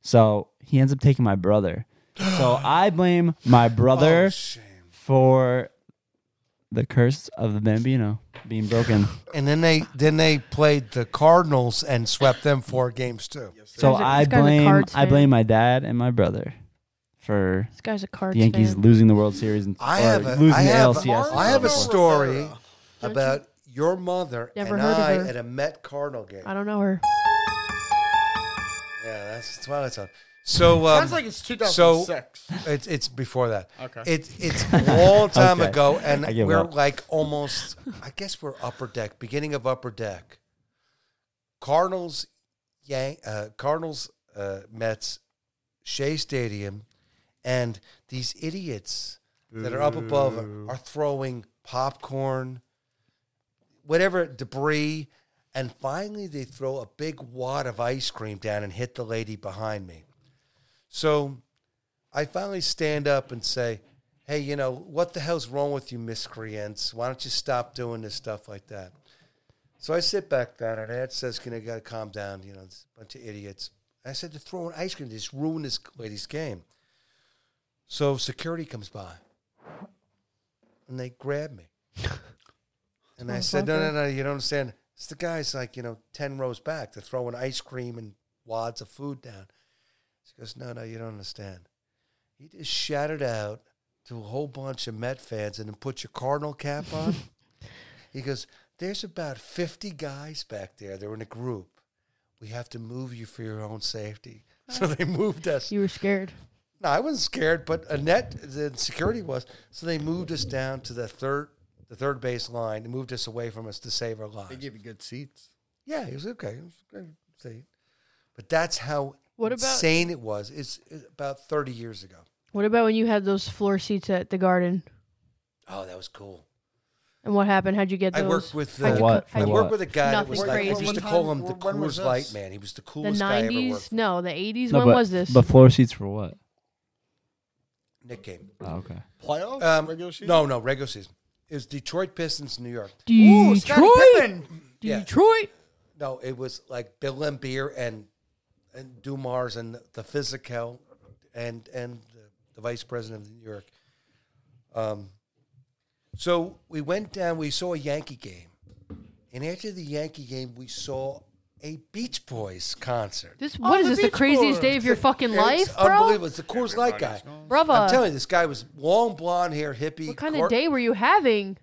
[SPEAKER 2] So he ends up taking my
[SPEAKER 4] Oh,
[SPEAKER 2] brother. So I blame my brother
[SPEAKER 3] Shame.
[SPEAKER 2] for the curse of the Bambino being broken.
[SPEAKER 3] And then they then they played the Cardinals and swept them four games too.
[SPEAKER 2] so
[SPEAKER 1] This
[SPEAKER 2] I
[SPEAKER 1] guy's a
[SPEAKER 2] blame
[SPEAKER 1] Cards
[SPEAKER 2] I
[SPEAKER 1] fan.
[SPEAKER 2] blame my dad and my brother for
[SPEAKER 1] This guy's a Cards
[SPEAKER 2] the Yankees
[SPEAKER 1] fan.
[SPEAKER 2] losing the World Series and
[SPEAKER 3] I
[SPEAKER 2] or
[SPEAKER 3] have a,
[SPEAKER 2] losing
[SPEAKER 3] I
[SPEAKER 2] the
[SPEAKER 3] have,
[SPEAKER 2] ALCS. and
[SPEAKER 3] I have a
[SPEAKER 2] stuff like
[SPEAKER 3] story um,
[SPEAKER 1] Don't
[SPEAKER 3] about your mother
[SPEAKER 1] Never
[SPEAKER 3] and
[SPEAKER 1] heard of
[SPEAKER 3] I
[SPEAKER 1] her.
[SPEAKER 3] at a Met Cardinal game.
[SPEAKER 1] I don't know her.
[SPEAKER 3] Yeah, that's Twilight Zone. So um,
[SPEAKER 7] Sounds like it's 2006.
[SPEAKER 3] it's it's before that.
[SPEAKER 7] Okay.
[SPEAKER 3] It's it's a long time
[SPEAKER 2] Okay.
[SPEAKER 3] ago, and
[SPEAKER 2] I give
[SPEAKER 3] we're
[SPEAKER 2] up.
[SPEAKER 3] like almost. I guess we're upper deck, beginning of upper deck. Cardinals, Yang, uh, Cardinals, uh, Mets, Shea Stadium, and these idiots that are up above are throwing popcorn, whatever debris, and finally they throw a big wad of ice cream down and hit the lady behind me. So I finally stand up and say, Hey, you know, what the hell's wrong with you miscreants? Why don't you stop doing this stuff like that? So I sit back down and Ed says, Can I gotta calm down? You know, it's a bunch of idiots. I said, They're throwing ice cream, they just ruined this lady's game. So security comes by and they grab me. and I said, No, no, no, you don't understand. It's the guy's like, you know, 10 rows back. They're throwing ice cream and wads of food down. She goes, No, no, you don't understand. He just shouted out to a whole bunch of Met fans and then put your Cardinal cap on. he goes, There's about 50 guys back there. They're in a group. We have to move you for your own safety. So they moved us.
[SPEAKER 1] You were scared.
[SPEAKER 3] No, I wasn't scared, but Annette, the security was. So they moved us down to the third, the third base line, and moved us away from us to save our
[SPEAKER 4] They
[SPEAKER 3] lives.
[SPEAKER 4] give you good seats.
[SPEAKER 3] Yeah, it was okay. It was great seat. But that's how
[SPEAKER 1] What about-
[SPEAKER 3] insane it was. It's, it's about thirty years ago.
[SPEAKER 1] What about when you had those floor seats at the garden?
[SPEAKER 3] Oh, that was cool.
[SPEAKER 1] And what happened? How'd you get
[SPEAKER 3] I
[SPEAKER 1] those?
[SPEAKER 3] worked with uh,
[SPEAKER 1] How'd
[SPEAKER 2] For
[SPEAKER 1] you
[SPEAKER 2] what?
[SPEAKER 1] cut-
[SPEAKER 2] For
[SPEAKER 3] I
[SPEAKER 1] how'd you-
[SPEAKER 2] what?
[SPEAKER 3] worked with a guy that
[SPEAKER 1] Nothing
[SPEAKER 3] was like
[SPEAKER 1] crazy.
[SPEAKER 3] I used to
[SPEAKER 7] When
[SPEAKER 3] call
[SPEAKER 7] time-
[SPEAKER 3] him the
[SPEAKER 7] when was
[SPEAKER 3] Coors Light
[SPEAKER 7] this?
[SPEAKER 3] man. He was the
[SPEAKER 1] The
[SPEAKER 3] coolest guy I ever worked.
[SPEAKER 1] nineties? No, the eighties.
[SPEAKER 2] No,
[SPEAKER 1] when
[SPEAKER 2] but,
[SPEAKER 1] was this?
[SPEAKER 2] But floor seats for what?
[SPEAKER 3] with. Nick came.
[SPEAKER 2] Oh, okay.
[SPEAKER 4] Playoffs?
[SPEAKER 3] Um,
[SPEAKER 4] Regular season?
[SPEAKER 3] No, no, regular season. It was Detroit Pistons, New York.
[SPEAKER 7] Ooh, Scottie Pippen.
[SPEAKER 3] Yeah.
[SPEAKER 1] Detroit.
[SPEAKER 3] No, it was like Bill and Beer and and Dumars and the Physical and and the, the vice president of New York. Um, so we went down. We saw a Yankee game, and after the Yankee game, we saw a Beach Boys concert.
[SPEAKER 1] This what is
[SPEAKER 7] the
[SPEAKER 1] this? The
[SPEAKER 7] Beach
[SPEAKER 1] craziest
[SPEAKER 7] Boys.
[SPEAKER 1] day of your fucking
[SPEAKER 3] It's
[SPEAKER 1] life, bro.
[SPEAKER 3] unbelievable. It's the Coors Light guy.
[SPEAKER 1] Brother,
[SPEAKER 3] I'm telling you, this guy was long blonde hair, hippie.
[SPEAKER 1] what kind
[SPEAKER 3] cor-
[SPEAKER 1] of day were you having?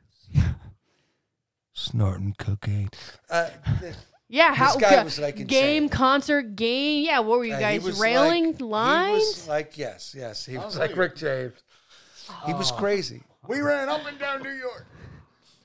[SPEAKER 3] Snorting cocaine. Uh, th-
[SPEAKER 1] Yeah, how
[SPEAKER 3] guy
[SPEAKER 1] g-
[SPEAKER 3] was, like, insane.
[SPEAKER 1] game concert game? Yeah, what were you
[SPEAKER 3] Uh, he
[SPEAKER 1] guys
[SPEAKER 3] was
[SPEAKER 1] railing
[SPEAKER 3] like- He
[SPEAKER 1] lines?
[SPEAKER 3] was like, yes, yes. He was like Rick James. He
[SPEAKER 1] Oh.
[SPEAKER 3] was crazy.
[SPEAKER 7] We ran up and down New York.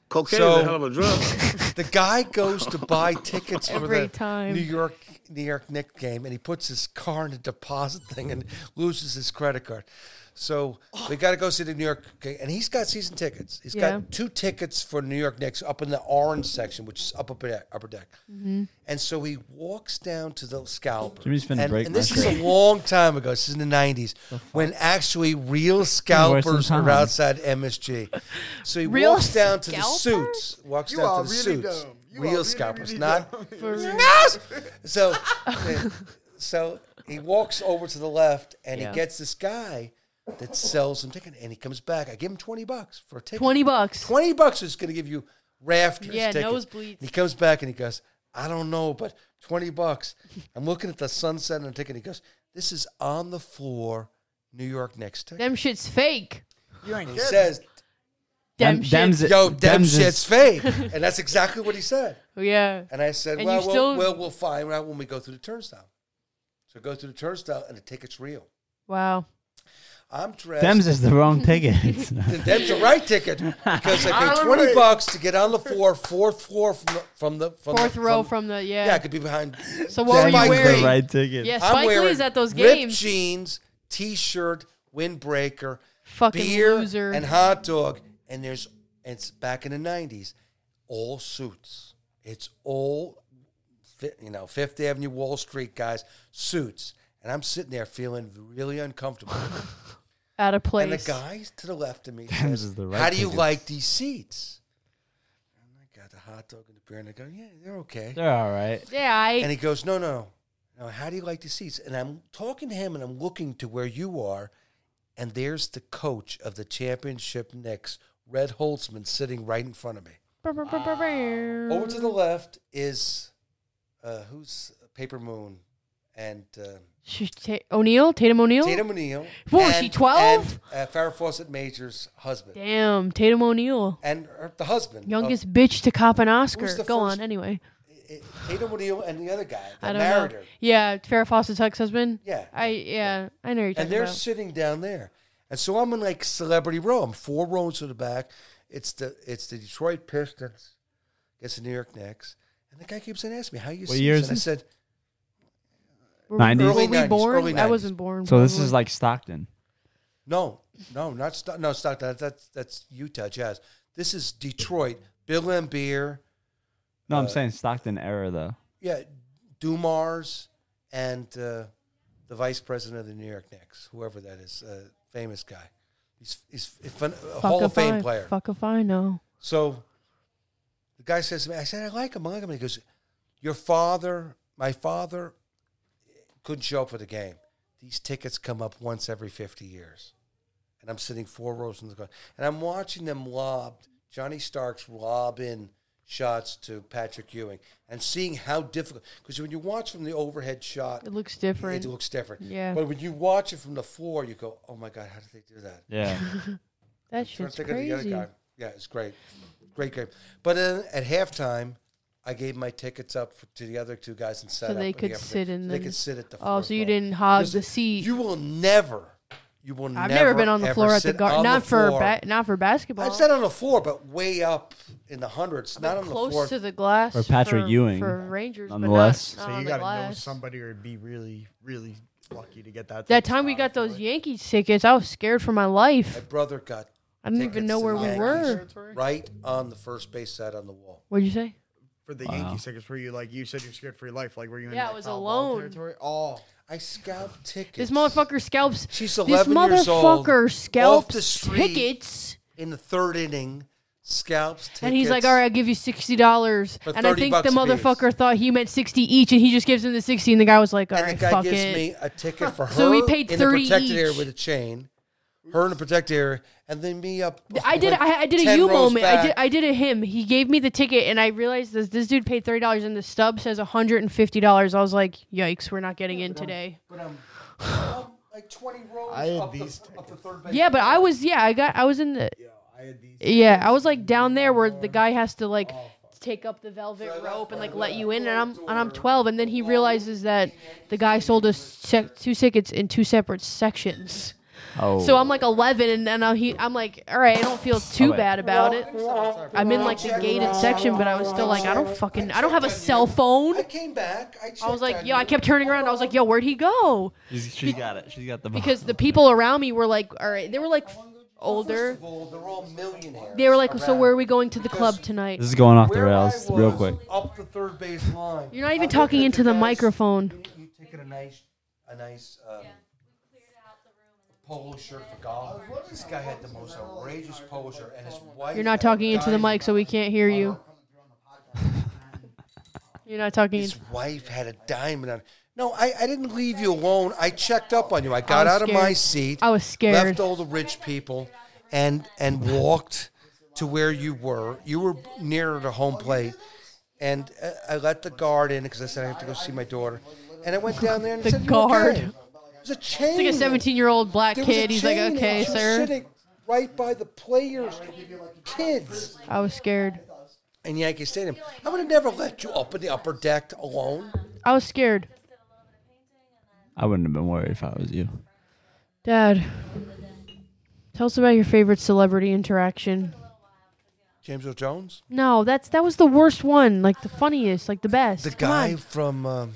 [SPEAKER 5] Cocaine is
[SPEAKER 3] So-
[SPEAKER 5] a hell of a drug.
[SPEAKER 3] The guy goes to buy tickets for
[SPEAKER 1] Every
[SPEAKER 3] the
[SPEAKER 1] time.
[SPEAKER 3] New York New York Knicks game, and he puts his car in a deposit thing and loses his credit card. So we got to go see the New York, game. and he's got season tickets. He's
[SPEAKER 1] Yeah.
[SPEAKER 3] got two tickets for New York Knicks up in the orange section, which is up upper deck. Upper deck.
[SPEAKER 1] Mm-hmm.
[SPEAKER 3] And so he walks down to the scalper.
[SPEAKER 2] Jimmy's finna
[SPEAKER 3] and,
[SPEAKER 2] break
[SPEAKER 3] and
[SPEAKER 2] my
[SPEAKER 3] this is a
[SPEAKER 2] shit.
[SPEAKER 3] long time ago. This is in the '90s when actually real
[SPEAKER 2] than
[SPEAKER 3] scalpers were
[SPEAKER 2] time.
[SPEAKER 3] outside MSG. So he
[SPEAKER 1] Real
[SPEAKER 3] walks down to the
[SPEAKER 1] scalper?
[SPEAKER 3] suits. Walks
[SPEAKER 7] You
[SPEAKER 3] down
[SPEAKER 7] are
[SPEAKER 3] to the
[SPEAKER 7] really
[SPEAKER 3] suits.
[SPEAKER 7] dumb. You are
[SPEAKER 3] Real
[SPEAKER 7] really,
[SPEAKER 3] scalpers,
[SPEAKER 7] really
[SPEAKER 3] not
[SPEAKER 1] For real.
[SPEAKER 3] so, so he walks over to the left and
[SPEAKER 1] Yeah.
[SPEAKER 3] he gets this guy that sells him ticket, and he comes back. I give him twenty bucks for a ticket.
[SPEAKER 1] Twenty bucks.
[SPEAKER 3] Twenty bucks is going to give you rafters.
[SPEAKER 1] Yeah,
[SPEAKER 3] ticket.
[SPEAKER 1] nosebleeds.
[SPEAKER 3] He comes back and he goes, "I don't know, but twenty bucks." I'm looking at the sunset and the ticket. He goes, "This is on the floor, New York next ticket."
[SPEAKER 1] Them shit's fake.
[SPEAKER 7] You ain't
[SPEAKER 3] He says,
[SPEAKER 1] Them
[SPEAKER 2] Them-
[SPEAKER 1] shit.
[SPEAKER 2] them's it.
[SPEAKER 3] "Yo, damn
[SPEAKER 2] Them's is-
[SPEAKER 3] shit's fake," and that's exactly what he said.
[SPEAKER 1] yeah.
[SPEAKER 3] And I said,
[SPEAKER 1] And
[SPEAKER 3] well,
[SPEAKER 1] you
[SPEAKER 3] we'll,
[SPEAKER 1] still-
[SPEAKER 3] well, we'll find out when we go through the turnstile. So go through the turnstile and the ticket's real.
[SPEAKER 1] Wow.
[SPEAKER 3] I'm dressed.
[SPEAKER 2] Them's is the wrong tickets.
[SPEAKER 3] Them's the right ticket because I paid 20 bucks to get on the floor, fourth floor from the, from the from
[SPEAKER 1] Fourth
[SPEAKER 3] the,
[SPEAKER 1] row from the yeah.
[SPEAKER 3] yeah, I could be behind.
[SPEAKER 1] So what were you
[SPEAKER 2] Them's
[SPEAKER 3] Spike
[SPEAKER 2] the
[SPEAKER 1] wearing?
[SPEAKER 3] Lee.
[SPEAKER 2] right ticket.
[SPEAKER 1] Yeah,
[SPEAKER 3] I'm
[SPEAKER 1] Spike Lee
[SPEAKER 3] wearing
[SPEAKER 1] is at those
[SPEAKER 3] ripped
[SPEAKER 1] games.
[SPEAKER 3] jeans, t-shirt, windbreaker,
[SPEAKER 1] Fucking
[SPEAKER 3] beer,
[SPEAKER 1] loser.
[SPEAKER 3] and hot dog. And there's it's back in the 90s, all suits. It's all fi- you know, Fifth Avenue, Wall Street guys, suits. And I'm sitting there feeling really uncomfortable.
[SPEAKER 1] Out of place.
[SPEAKER 3] and the guy to the left of me
[SPEAKER 2] Them's
[SPEAKER 3] says,
[SPEAKER 2] is the right
[SPEAKER 3] How do you
[SPEAKER 2] tickets."
[SPEAKER 3] like these seats? And I got the hot dog and the beer, and I go, Yeah, they're okay.
[SPEAKER 2] They're all right.
[SPEAKER 1] Yeah, I
[SPEAKER 3] And he goes, no, no, no. No, How do you like the seats? And I'm talking to him and I'm looking to where you are. And there's the coach of the championship Knicks Red Holtzman sitting right in front of me.
[SPEAKER 1] Over
[SPEAKER 3] Over to
[SPEAKER 1] Mm.
[SPEAKER 3] the left is uh, who's Paper Moon and uh,
[SPEAKER 1] Ta- O'Neill, Tatum O'Neill.
[SPEAKER 3] Tatum O'Neill.
[SPEAKER 1] What, was she 12?
[SPEAKER 3] And, uh, Farrah Fawcett Major's husband.
[SPEAKER 1] Damn, Tatum O'Neill,
[SPEAKER 3] And her, the husband. of-
[SPEAKER 1] youngest bitch to cop an Oscar.
[SPEAKER 3] Oh. Who's the
[SPEAKER 1] Go
[SPEAKER 3] first-
[SPEAKER 1] on, anyway.
[SPEAKER 3] it- eh, Tatum O'Neill and the other guy that
[SPEAKER 1] I don't
[SPEAKER 3] married
[SPEAKER 1] know.
[SPEAKER 3] her.
[SPEAKER 1] Yeah, Farrah Fawcett's ex-husband.
[SPEAKER 3] Yeah.
[SPEAKER 1] I yeah, I know who you're
[SPEAKER 3] And
[SPEAKER 1] talking
[SPEAKER 3] they're
[SPEAKER 1] about.
[SPEAKER 3] sitting down there. And so I'm in like celebrity row. I'm four rows to the back. It's the it's the Detroit Pistons. It's the New York Knicks. And the guy keeps on asking me, how you
[SPEAKER 2] What
[SPEAKER 3] see
[SPEAKER 2] year
[SPEAKER 3] this?
[SPEAKER 2] is
[SPEAKER 3] And I
[SPEAKER 2] this?
[SPEAKER 3] said,
[SPEAKER 1] Were
[SPEAKER 2] Nineties?
[SPEAKER 1] we-
[SPEAKER 3] Early
[SPEAKER 1] Were we
[SPEAKER 3] nineties,
[SPEAKER 1] born?
[SPEAKER 3] early
[SPEAKER 1] I
[SPEAKER 3] nineties.
[SPEAKER 1] wasn't born.
[SPEAKER 2] So this is
[SPEAKER 1] probably.
[SPEAKER 2] like Stockton.
[SPEAKER 3] no, no, not Stock no, Stockton. That's, that's Utah Jazz. This is Detroit. Bill Lambier,
[SPEAKER 2] No,
[SPEAKER 3] Uh,
[SPEAKER 2] I'm saying Stockton era though.
[SPEAKER 3] yeah, Dumars, and uh, the vice president of the New York Knicks, whoever that is, uh, famous guy. He's, he's a, phen- a Hall of
[SPEAKER 1] if
[SPEAKER 3] Fame
[SPEAKER 1] I-
[SPEAKER 3] player.
[SPEAKER 1] Fuck if I know.
[SPEAKER 3] So the guy says to me, I said, I like him. I like him. And he goes, Your father, my father couldn't show up for the game. These tickets come up once every 50 years. And I'm sitting four rows in the car. And I'm watching them lob, Johnny Starks lob in shots to Patrick Ewing and seeing how difficult. Because when you watch from the overhead shot,
[SPEAKER 1] It looks different.
[SPEAKER 3] it looks different.
[SPEAKER 1] Yeah.
[SPEAKER 3] But when you watch it from the floor, you go, oh my God, how did they do that?
[SPEAKER 2] Yeah.
[SPEAKER 1] that
[SPEAKER 3] Trying to
[SPEAKER 1] shit's
[SPEAKER 3] think of the other
[SPEAKER 1] crazy.
[SPEAKER 3] guy. Yeah, it's great, great game. But uh, at halftime, I gave my tickets up for, to the other two guys and sat
[SPEAKER 1] So
[SPEAKER 3] up
[SPEAKER 1] they
[SPEAKER 3] in the
[SPEAKER 1] could
[SPEAKER 3] upper
[SPEAKER 1] sit
[SPEAKER 3] deck.
[SPEAKER 1] in
[SPEAKER 3] So they
[SPEAKER 1] them.
[SPEAKER 3] could sit at the.
[SPEAKER 1] Oh,
[SPEAKER 3] fourth
[SPEAKER 1] so you
[SPEAKER 3] row.
[SPEAKER 1] didn't hog
[SPEAKER 3] Because
[SPEAKER 1] the seat.
[SPEAKER 3] You will never. You will.
[SPEAKER 1] I've
[SPEAKER 3] never,
[SPEAKER 1] never been on the
[SPEAKER 3] ever
[SPEAKER 1] floor at the
[SPEAKER 3] sit
[SPEAKER 1] gar
[SPEAKER 3] on
[SPEAKER 1] Not
[SPEAKER 3] the
[SPEAKER 1] for
[SPEAKER 3] floor.
[SPEAKER 1] ba- not for basketball.
[SPEAKER 3] I've sat on the floor, but way up in the hundreds, not on the
[SPEAKER 1] close
[SPEAKER 3] floor.
[SPEAKER 1] to the glass
[SPEAKER 2] Or Patrick
[SPEAKER 1] for,
[SPEAKER 2] Ewing,
[SPEAKER 1] for Rangers, but not,
[SPEAKER 2] nonetheless.
[SPEAKER 1] not on
[SPEAKER 4] So you
[SPEAKER 1] Oh, the
[SPEAKER 4] got to know
[SPEAKER 1] glass.
[SPEAKER 4] somebody or be really, really lucky to get that.
[SPEAKER 1] That
[SPEAKER 4] thing
[SPEAKER 1] time we
[SPEAKER 4] spotted
[SPEAKER 1] got
[SPEAKER 4] for
[SPEAKER 1] those
[SPEAKER 4] you.
[SPEAKER 1] Yankees tickets, I was scared for my
[SPEAKER 3] my
[SPEAKER 1] life.
[SPEAKER 3] brother got
[SPEAKER 1] I didn't even
[SPEAKER 3] tickets
[SPEAKER 1] know
[SPEAKER 3] to
[SPEAKER 1] where
[SPEAKER 3] the
[SPEAKER 1] we
[SPEAKER 3] Yankees
[SPEAKER 1] were.
[SPEAKER 3] right on the first base side on the wall.
[SPEAKER 1] What'd you say?
[SPEAKER 4] for the Yankees tickets. Were you like you said you're scared for your life? Like were you? In,
[SPEAKER 1] Yeah, I
[SPEAKER 4] like,
[SPEAKER 1] was
[SPEAKER 4] foul ball
[SPEAKER 1] alone.
[SPEAKER 4] Territory? Oh,
[SPEAKER 3] I scalped tickets.
[SPEAKER 1] This motherfucker scalps.
[SPEAKER 3] She's
[SPEAKER 1] this
[SPEAKER 3] 11 years old,
[SPEAKER 1] motherfucker
[SPEAKER 3] off
[SPEAKER 1] scalps
[SPEAKER 3] the street.
[SPEAKER 1] tickets,
[SPEAKER 3] in the third inning, scalps tickets.
[SPEAKER 1] and he's like, "All right, I'll give you sixty dollars."
[SPEAKER 3] For
[SPEAKER 1] And I
[SPEAKER 3] 30
[SPEAKER 1] think the
[SPEAKER 3] bucks apiece.
[SPEAKER 1] motherfucker thought he meant sixty each, and he just gives him the sixty. And the guy was like, "All
[SPEAKER 3] and
[SPEAKER 1] right,
[SPEAKER 3] the guy
[SPEAKER 1] fuck
[SPEAKER 3] gives
[SPEAKER 1] it."
[SPEAKER 3] me a ticket for her
[SPEAKER 1] So we paid 30
[SPEAKER 3] in the protected area
[SPEAKER 1] each.
[SPEAKER 3] with a chain, her in the protected area, and then me up.
[SPEAKER 1] I did.
[SPEAKER 3] like
[SPEAKER 1] I, I did a
[SPEAKER 3] 10
[SPEAKER 1] you
[SPEAKER 3] rows
[SPEAKER 1] moment. I did.
[SPEAKER 3] back.
[SPEAKER 1] I did a him. He gave me the ticket, and I realized this. This dude paid thirty dollars, and the stub says one hundred and fifty dollars. I was like, "Yikes, we're not getting in today."
[SPEAKER 3] But I'm, I'm Um, like 20 rows
[SPEAKER 4] I had
[SPEAKER 3] up,
[SPEAKER 4] these
[SPEAKER 3] the, up the third base.
[SPEAKER 1] Yeah, but I was. Yeah, I got. I was in the.
[SPEAKER 4] I had these.
[SPEAKER 1] Yeah, I was like down there where the guy has to like take up the velvet rope and like let you in, and I'm and I'm 12, and then he realizes that the guy sold us sec- two tickets in two separate sections.
[SPEAKER 2] Oh.
[SPEAKER 1] So I'm like 11, and then I'm, he, I'm like, all right, I don't feel too
[SPEAKER 2] wait.
[SPEAKER 1] bad about it. I'm in like the gated section, but I was still like, I don't fucking, I don't have a cell phone.
[SPEAKER 3] I came back. I,
[SPEAKER 1] I was
[SPEAKER 3] checked
[SPEAKER 1] like,
[SPEAKER 3] on
[SPEAKER 1] yo, I
[SPEAKER 3] you.
[SPEAKER 1] kept turning around. I was like, yo, where'd he go?
[SPEAKER 2] she's, she's got it. She's got the
[SPEAKER 1] Because the people around me were like, all right, they were like older.
[SPEAKER 3] First of all, they're all millionaires.
[SPEAKER 1] They were like, so
[SPEAKER 3] around.
[SPEAKER 1] where are we going to the club tonight?
[SPEAKER 2] This is going off the
[SPEAKER 3] Where
[SPEAKER 2] rails
[SPEAKER 3] I
[SPEAKER 2] real
[SPEAKER 3] was
[SPEAKER 2] quick.
[SPEAKER 3] Up the third base line.
[SPEAKER 1] You're not
[SPEAKER 3] I
[SPEAKER 1] even
[SPEAKER 3] looked
[SPEAKER 1] talking
[SPEAKER 3] at
[SPEAKER 1] into the
[SPEAKER 3] guys,
[SPEAKER 1] microphone.
[SPEAKER 3] You, you taking a nice, a nice um, polo shirt for golf. This guy had the most outrageous polo shirt, and his wife.
[SPEAKER 1] You're not
[SPEAKER 3] had
[SPEAKER 1] talking
[SPEAKER 3] a
[SPEAKER 1] into the
[SPEAKER 3] diamond-
[SPEAKER 1] mic, so we can't hear you. You're not talking.
[SPEAKER 3] His
[SPEAKER 1] Into-
[SPEAKER 3] wife had a diamond on. No, I, I didn't leave you alone. I checked up on you. I got
[SPEAKER 1] was
[SPEAKER 3] out of my
[SPEAKER 1] scared.
[SPEAKER 3] seat.
[SPEAKER 1] I was scared.
[SPEAKER 3] Left all the rich people, and and walked to where you were. You were nearer to home plate, and uh, I let the guard in because I said I have to go see my daughter. And I went down there and
[SPEAKER 1] The
[SPEAKER 3] said, "You
[SPEAKER 1] guard.
[SPEAKER 3] okay?" There's a chain.
[SPEAKER 1] it's like a 17 year old black
[SPEAKER 3] There was a
[SPEAKER 1] kid. He's like,
[SPEAKER 3] chain and
[SPEAKER 1] okay,
[SPEAKER 3] she was
[SPEAKER 1] sir.
[SPEAKER 3] sitting right by the players, kids
[SPEAKER 1] I was scared.
[SPEAKER 3] in Yankee Stadium. I would have never let you up in the upper deck alone.
[SPEAKER 1] I was scared.
[SPEAKER 2] I wouldn't have been worried if I was you.
[SPEAKER 1] Dad, tell us about your favorite celebrity interaction.
[SPEAKER 3] James Earl Jones,
[SPEAKER 1] No, that's that was the worst one. Like the funniest, like the best.
[SPEAKER 3] the
[SPEAKER 1] Come
[SPEAKER 3] guy
[SPEAKER 1] on.
[SPEAKER 3] from um,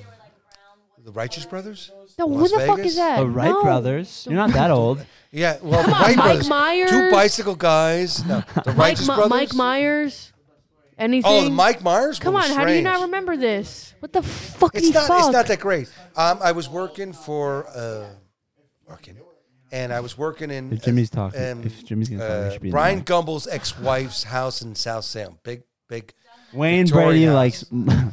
[SPEAKER 3] the Righteous Brothers.
[SPEAKER 1] No, who
[SPEAKER 3] Las
[SPEAKER 1] the fuck
[SPEAKER 3] Vegas?
[SPEAKER 1] is that?
[SPEAKER 2] The Oh, Wright
[SPEAKER 1] No.
[SPEAKER 2] brothers. You're not that old.
[SPEAKER 3] Yeah, well,
[SPEAKER 1] Come
[SPEAKER 3] the
[SPEAKER 1] on, Mike
[SPEAKER 3] Wright Brothers, two
[SPEAKER 1] Myers.
[SPEAKER 3] bicycle guys. No, the
[SPEAKER 1] Mike,
[SPEAKER 3] Righteous
[SPEAKER 1] Ma-
[SPEAKER 3] Brothers.
[SPEAKER 1] Mike Myers. Anything?
[SPEAKER 3] Oh, the Mike Myers.
[SPEAKER 1] Come
[SPEAKER 3] one
[SPEAKER 1] on,
[SPEAKER 3] was
[SPEAKER 1] how do you
[SPEAKER 3] strange.
[SPEAKER 1] not remember this? What the fucking
[SPEAKER 3] It's not.
[SPEAKER 1] fuck?
[SPEAKER 3] It's not that great. Um, I was working for uh, working, and I was working in.
[SPEAKER 2] If Jimmy's talking,
[SPEAKER 3] um,
[SPEAKER 2] if Jimmy's gonna talk,
[SPEAKER 3] uh,
[SPEAKER 2] we should be. in
[SPEAKER 3] Brian
[SPEAKER 2] the-
[SPEAKER 3] Gumbel's ex-wife's house in South Salem. Big, big.
[SPEAKER 2] Wayne
[SPEAKER 3] Victoria.
[SPEAKER 2] Brady likes.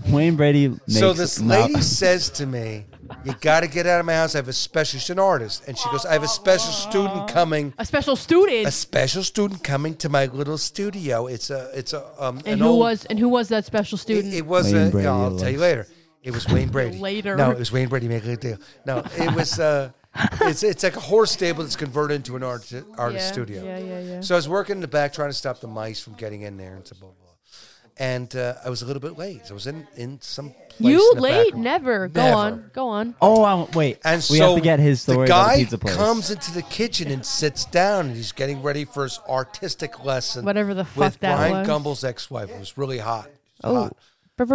[SPEAKER 2] Wayne Brady. Makes
[SPEAKER 3] so this
[SPEAKER 2] no-
[SPEAKER 3] lady says to me, You got to get out of my house. I have a special. She's an artist, and she goes, I have a special student coming.
[SPEAKER 1] A special student.
[SPEAKER 3] A special student coming to my little studio. It's a, it's a, um,
[SPEAKER 1] and
[SPEAKER 3] an
[SPEAKER 1] who
[SPEAKER 3] old-
[SPEAKER 1] was and who was that special
[SPEAKER 3] It,
[SPEAKER 1] student?
[SPEAKER 3] it was
[SPEAKER 2] Wayne
[SPEAKER 3] a,
[SPEAKER 2] Brady,
[SPEAKER 3] yeah, I'll
[SPEAKER 2] it
[SPEAKER 3] tell you
[SPEAKER 2] was.
[SPEAKER 3] later. It was Wayne Brady.
[SPEAKER 1] Later.
[SPEAKER 3] No, it was Wayne Brady making a deal. No, it was. Uh, it's it's like a horse stable that's converted into an art, artist
[SPEAKER 1] Yeah,
[SPEAKER 3] studio.
[SPEAKER 1] yeah, yeah, yeah.
[SPEAKER 3] So I was working in the back trying to stop the mice from getting in there and so blah blah. blah. And uh, I was a little bit late. I was in in some. Place
[SPEAKER 1] you
[SPEAKER 3] in the
[SPEAKER 1] late?
[SPEAKER 3] back.
[SPEAKER 1] Never. Go
[SPEAKER 3] Never.
[SPEAKER 1] on. Go on.
[SPEAKER 2] Oh, I, wait.
[SPEAKER 3] And
[SPEAKER 2] we
[SPEAKER 3] so
[SPEAKER 2] have to get his story
[SPEAKER 3] the
[SPEAKER 2] about
[SPEAKER 3] guy
[SPEAKER 2] the pizza place.
[SPEAKER 3] comes into the kitchen and sits down, and he's getting ready for his artistic lesson.
[SPEAKER 1] Whatever the fuck
[SPEAKER 3] with
[SPEAKER 1] that
[SPEAKER 3] Brian
[SPEAKER 1] was.
[SPEAKER 3] Gumbel's ex-wife, who was really hot.
[SPEAKER 1] Oh.
[SPEAKER 3] hot.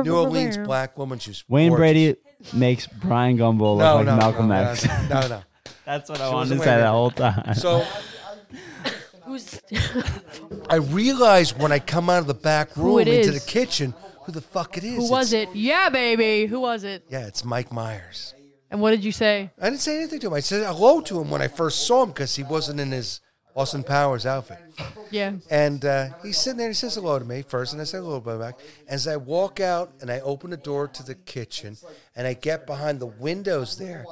[SPEAKER 3] New Orleans black woman. She was
[SPEAKER 2] Wayne
[SPEAKER 3] gorgeous.
[SPEAKER 2] Brady makes Brian Gumble look like Malcolm
[SPEAKER 3] no,
[SPEAKER 2] X.
[SPEAKER 3] No, no. no.
[SPEAKER 2] That's what I
[SPEAKER 3] was
[SPEAKER 2] wanted to
[SPEAKER 3] a
[SPEAKER 2] say that
[SPEAKER 3] Wayne Brady.
[SPEAKER 2] whole time.
[SPEAKER 3] So
[SPEAKER 1] Who's
[SPEAKER 3] I realized when I come out of the back room
[SPEAKER 1] Who it
[SPEAKER 3] into
[SPEAKER 1] is.
[SPEAKER 3] the kitchen who the fuck it is.
[SPEAKER 1] who was
[SPEAKER 3] It's-
[SPEAKER 1] it? Yeah, baby. Who was it?
[SPEAKER 3] Yeah, it's Mike Myers.
[SPEAKER 1] And what did you say?
[SPEAKER 3] I didn't say anything to him. I said hello to him when I first saw him because he wasn't in his Austin Powers outfit.
[SPEAKER 1] Yeah.
[SPEAKER 3] And uh, he's sitting there. He says hello to me first, and I say hello back. As I walk out and I open the door to the kitchen, and I get behind the windows there,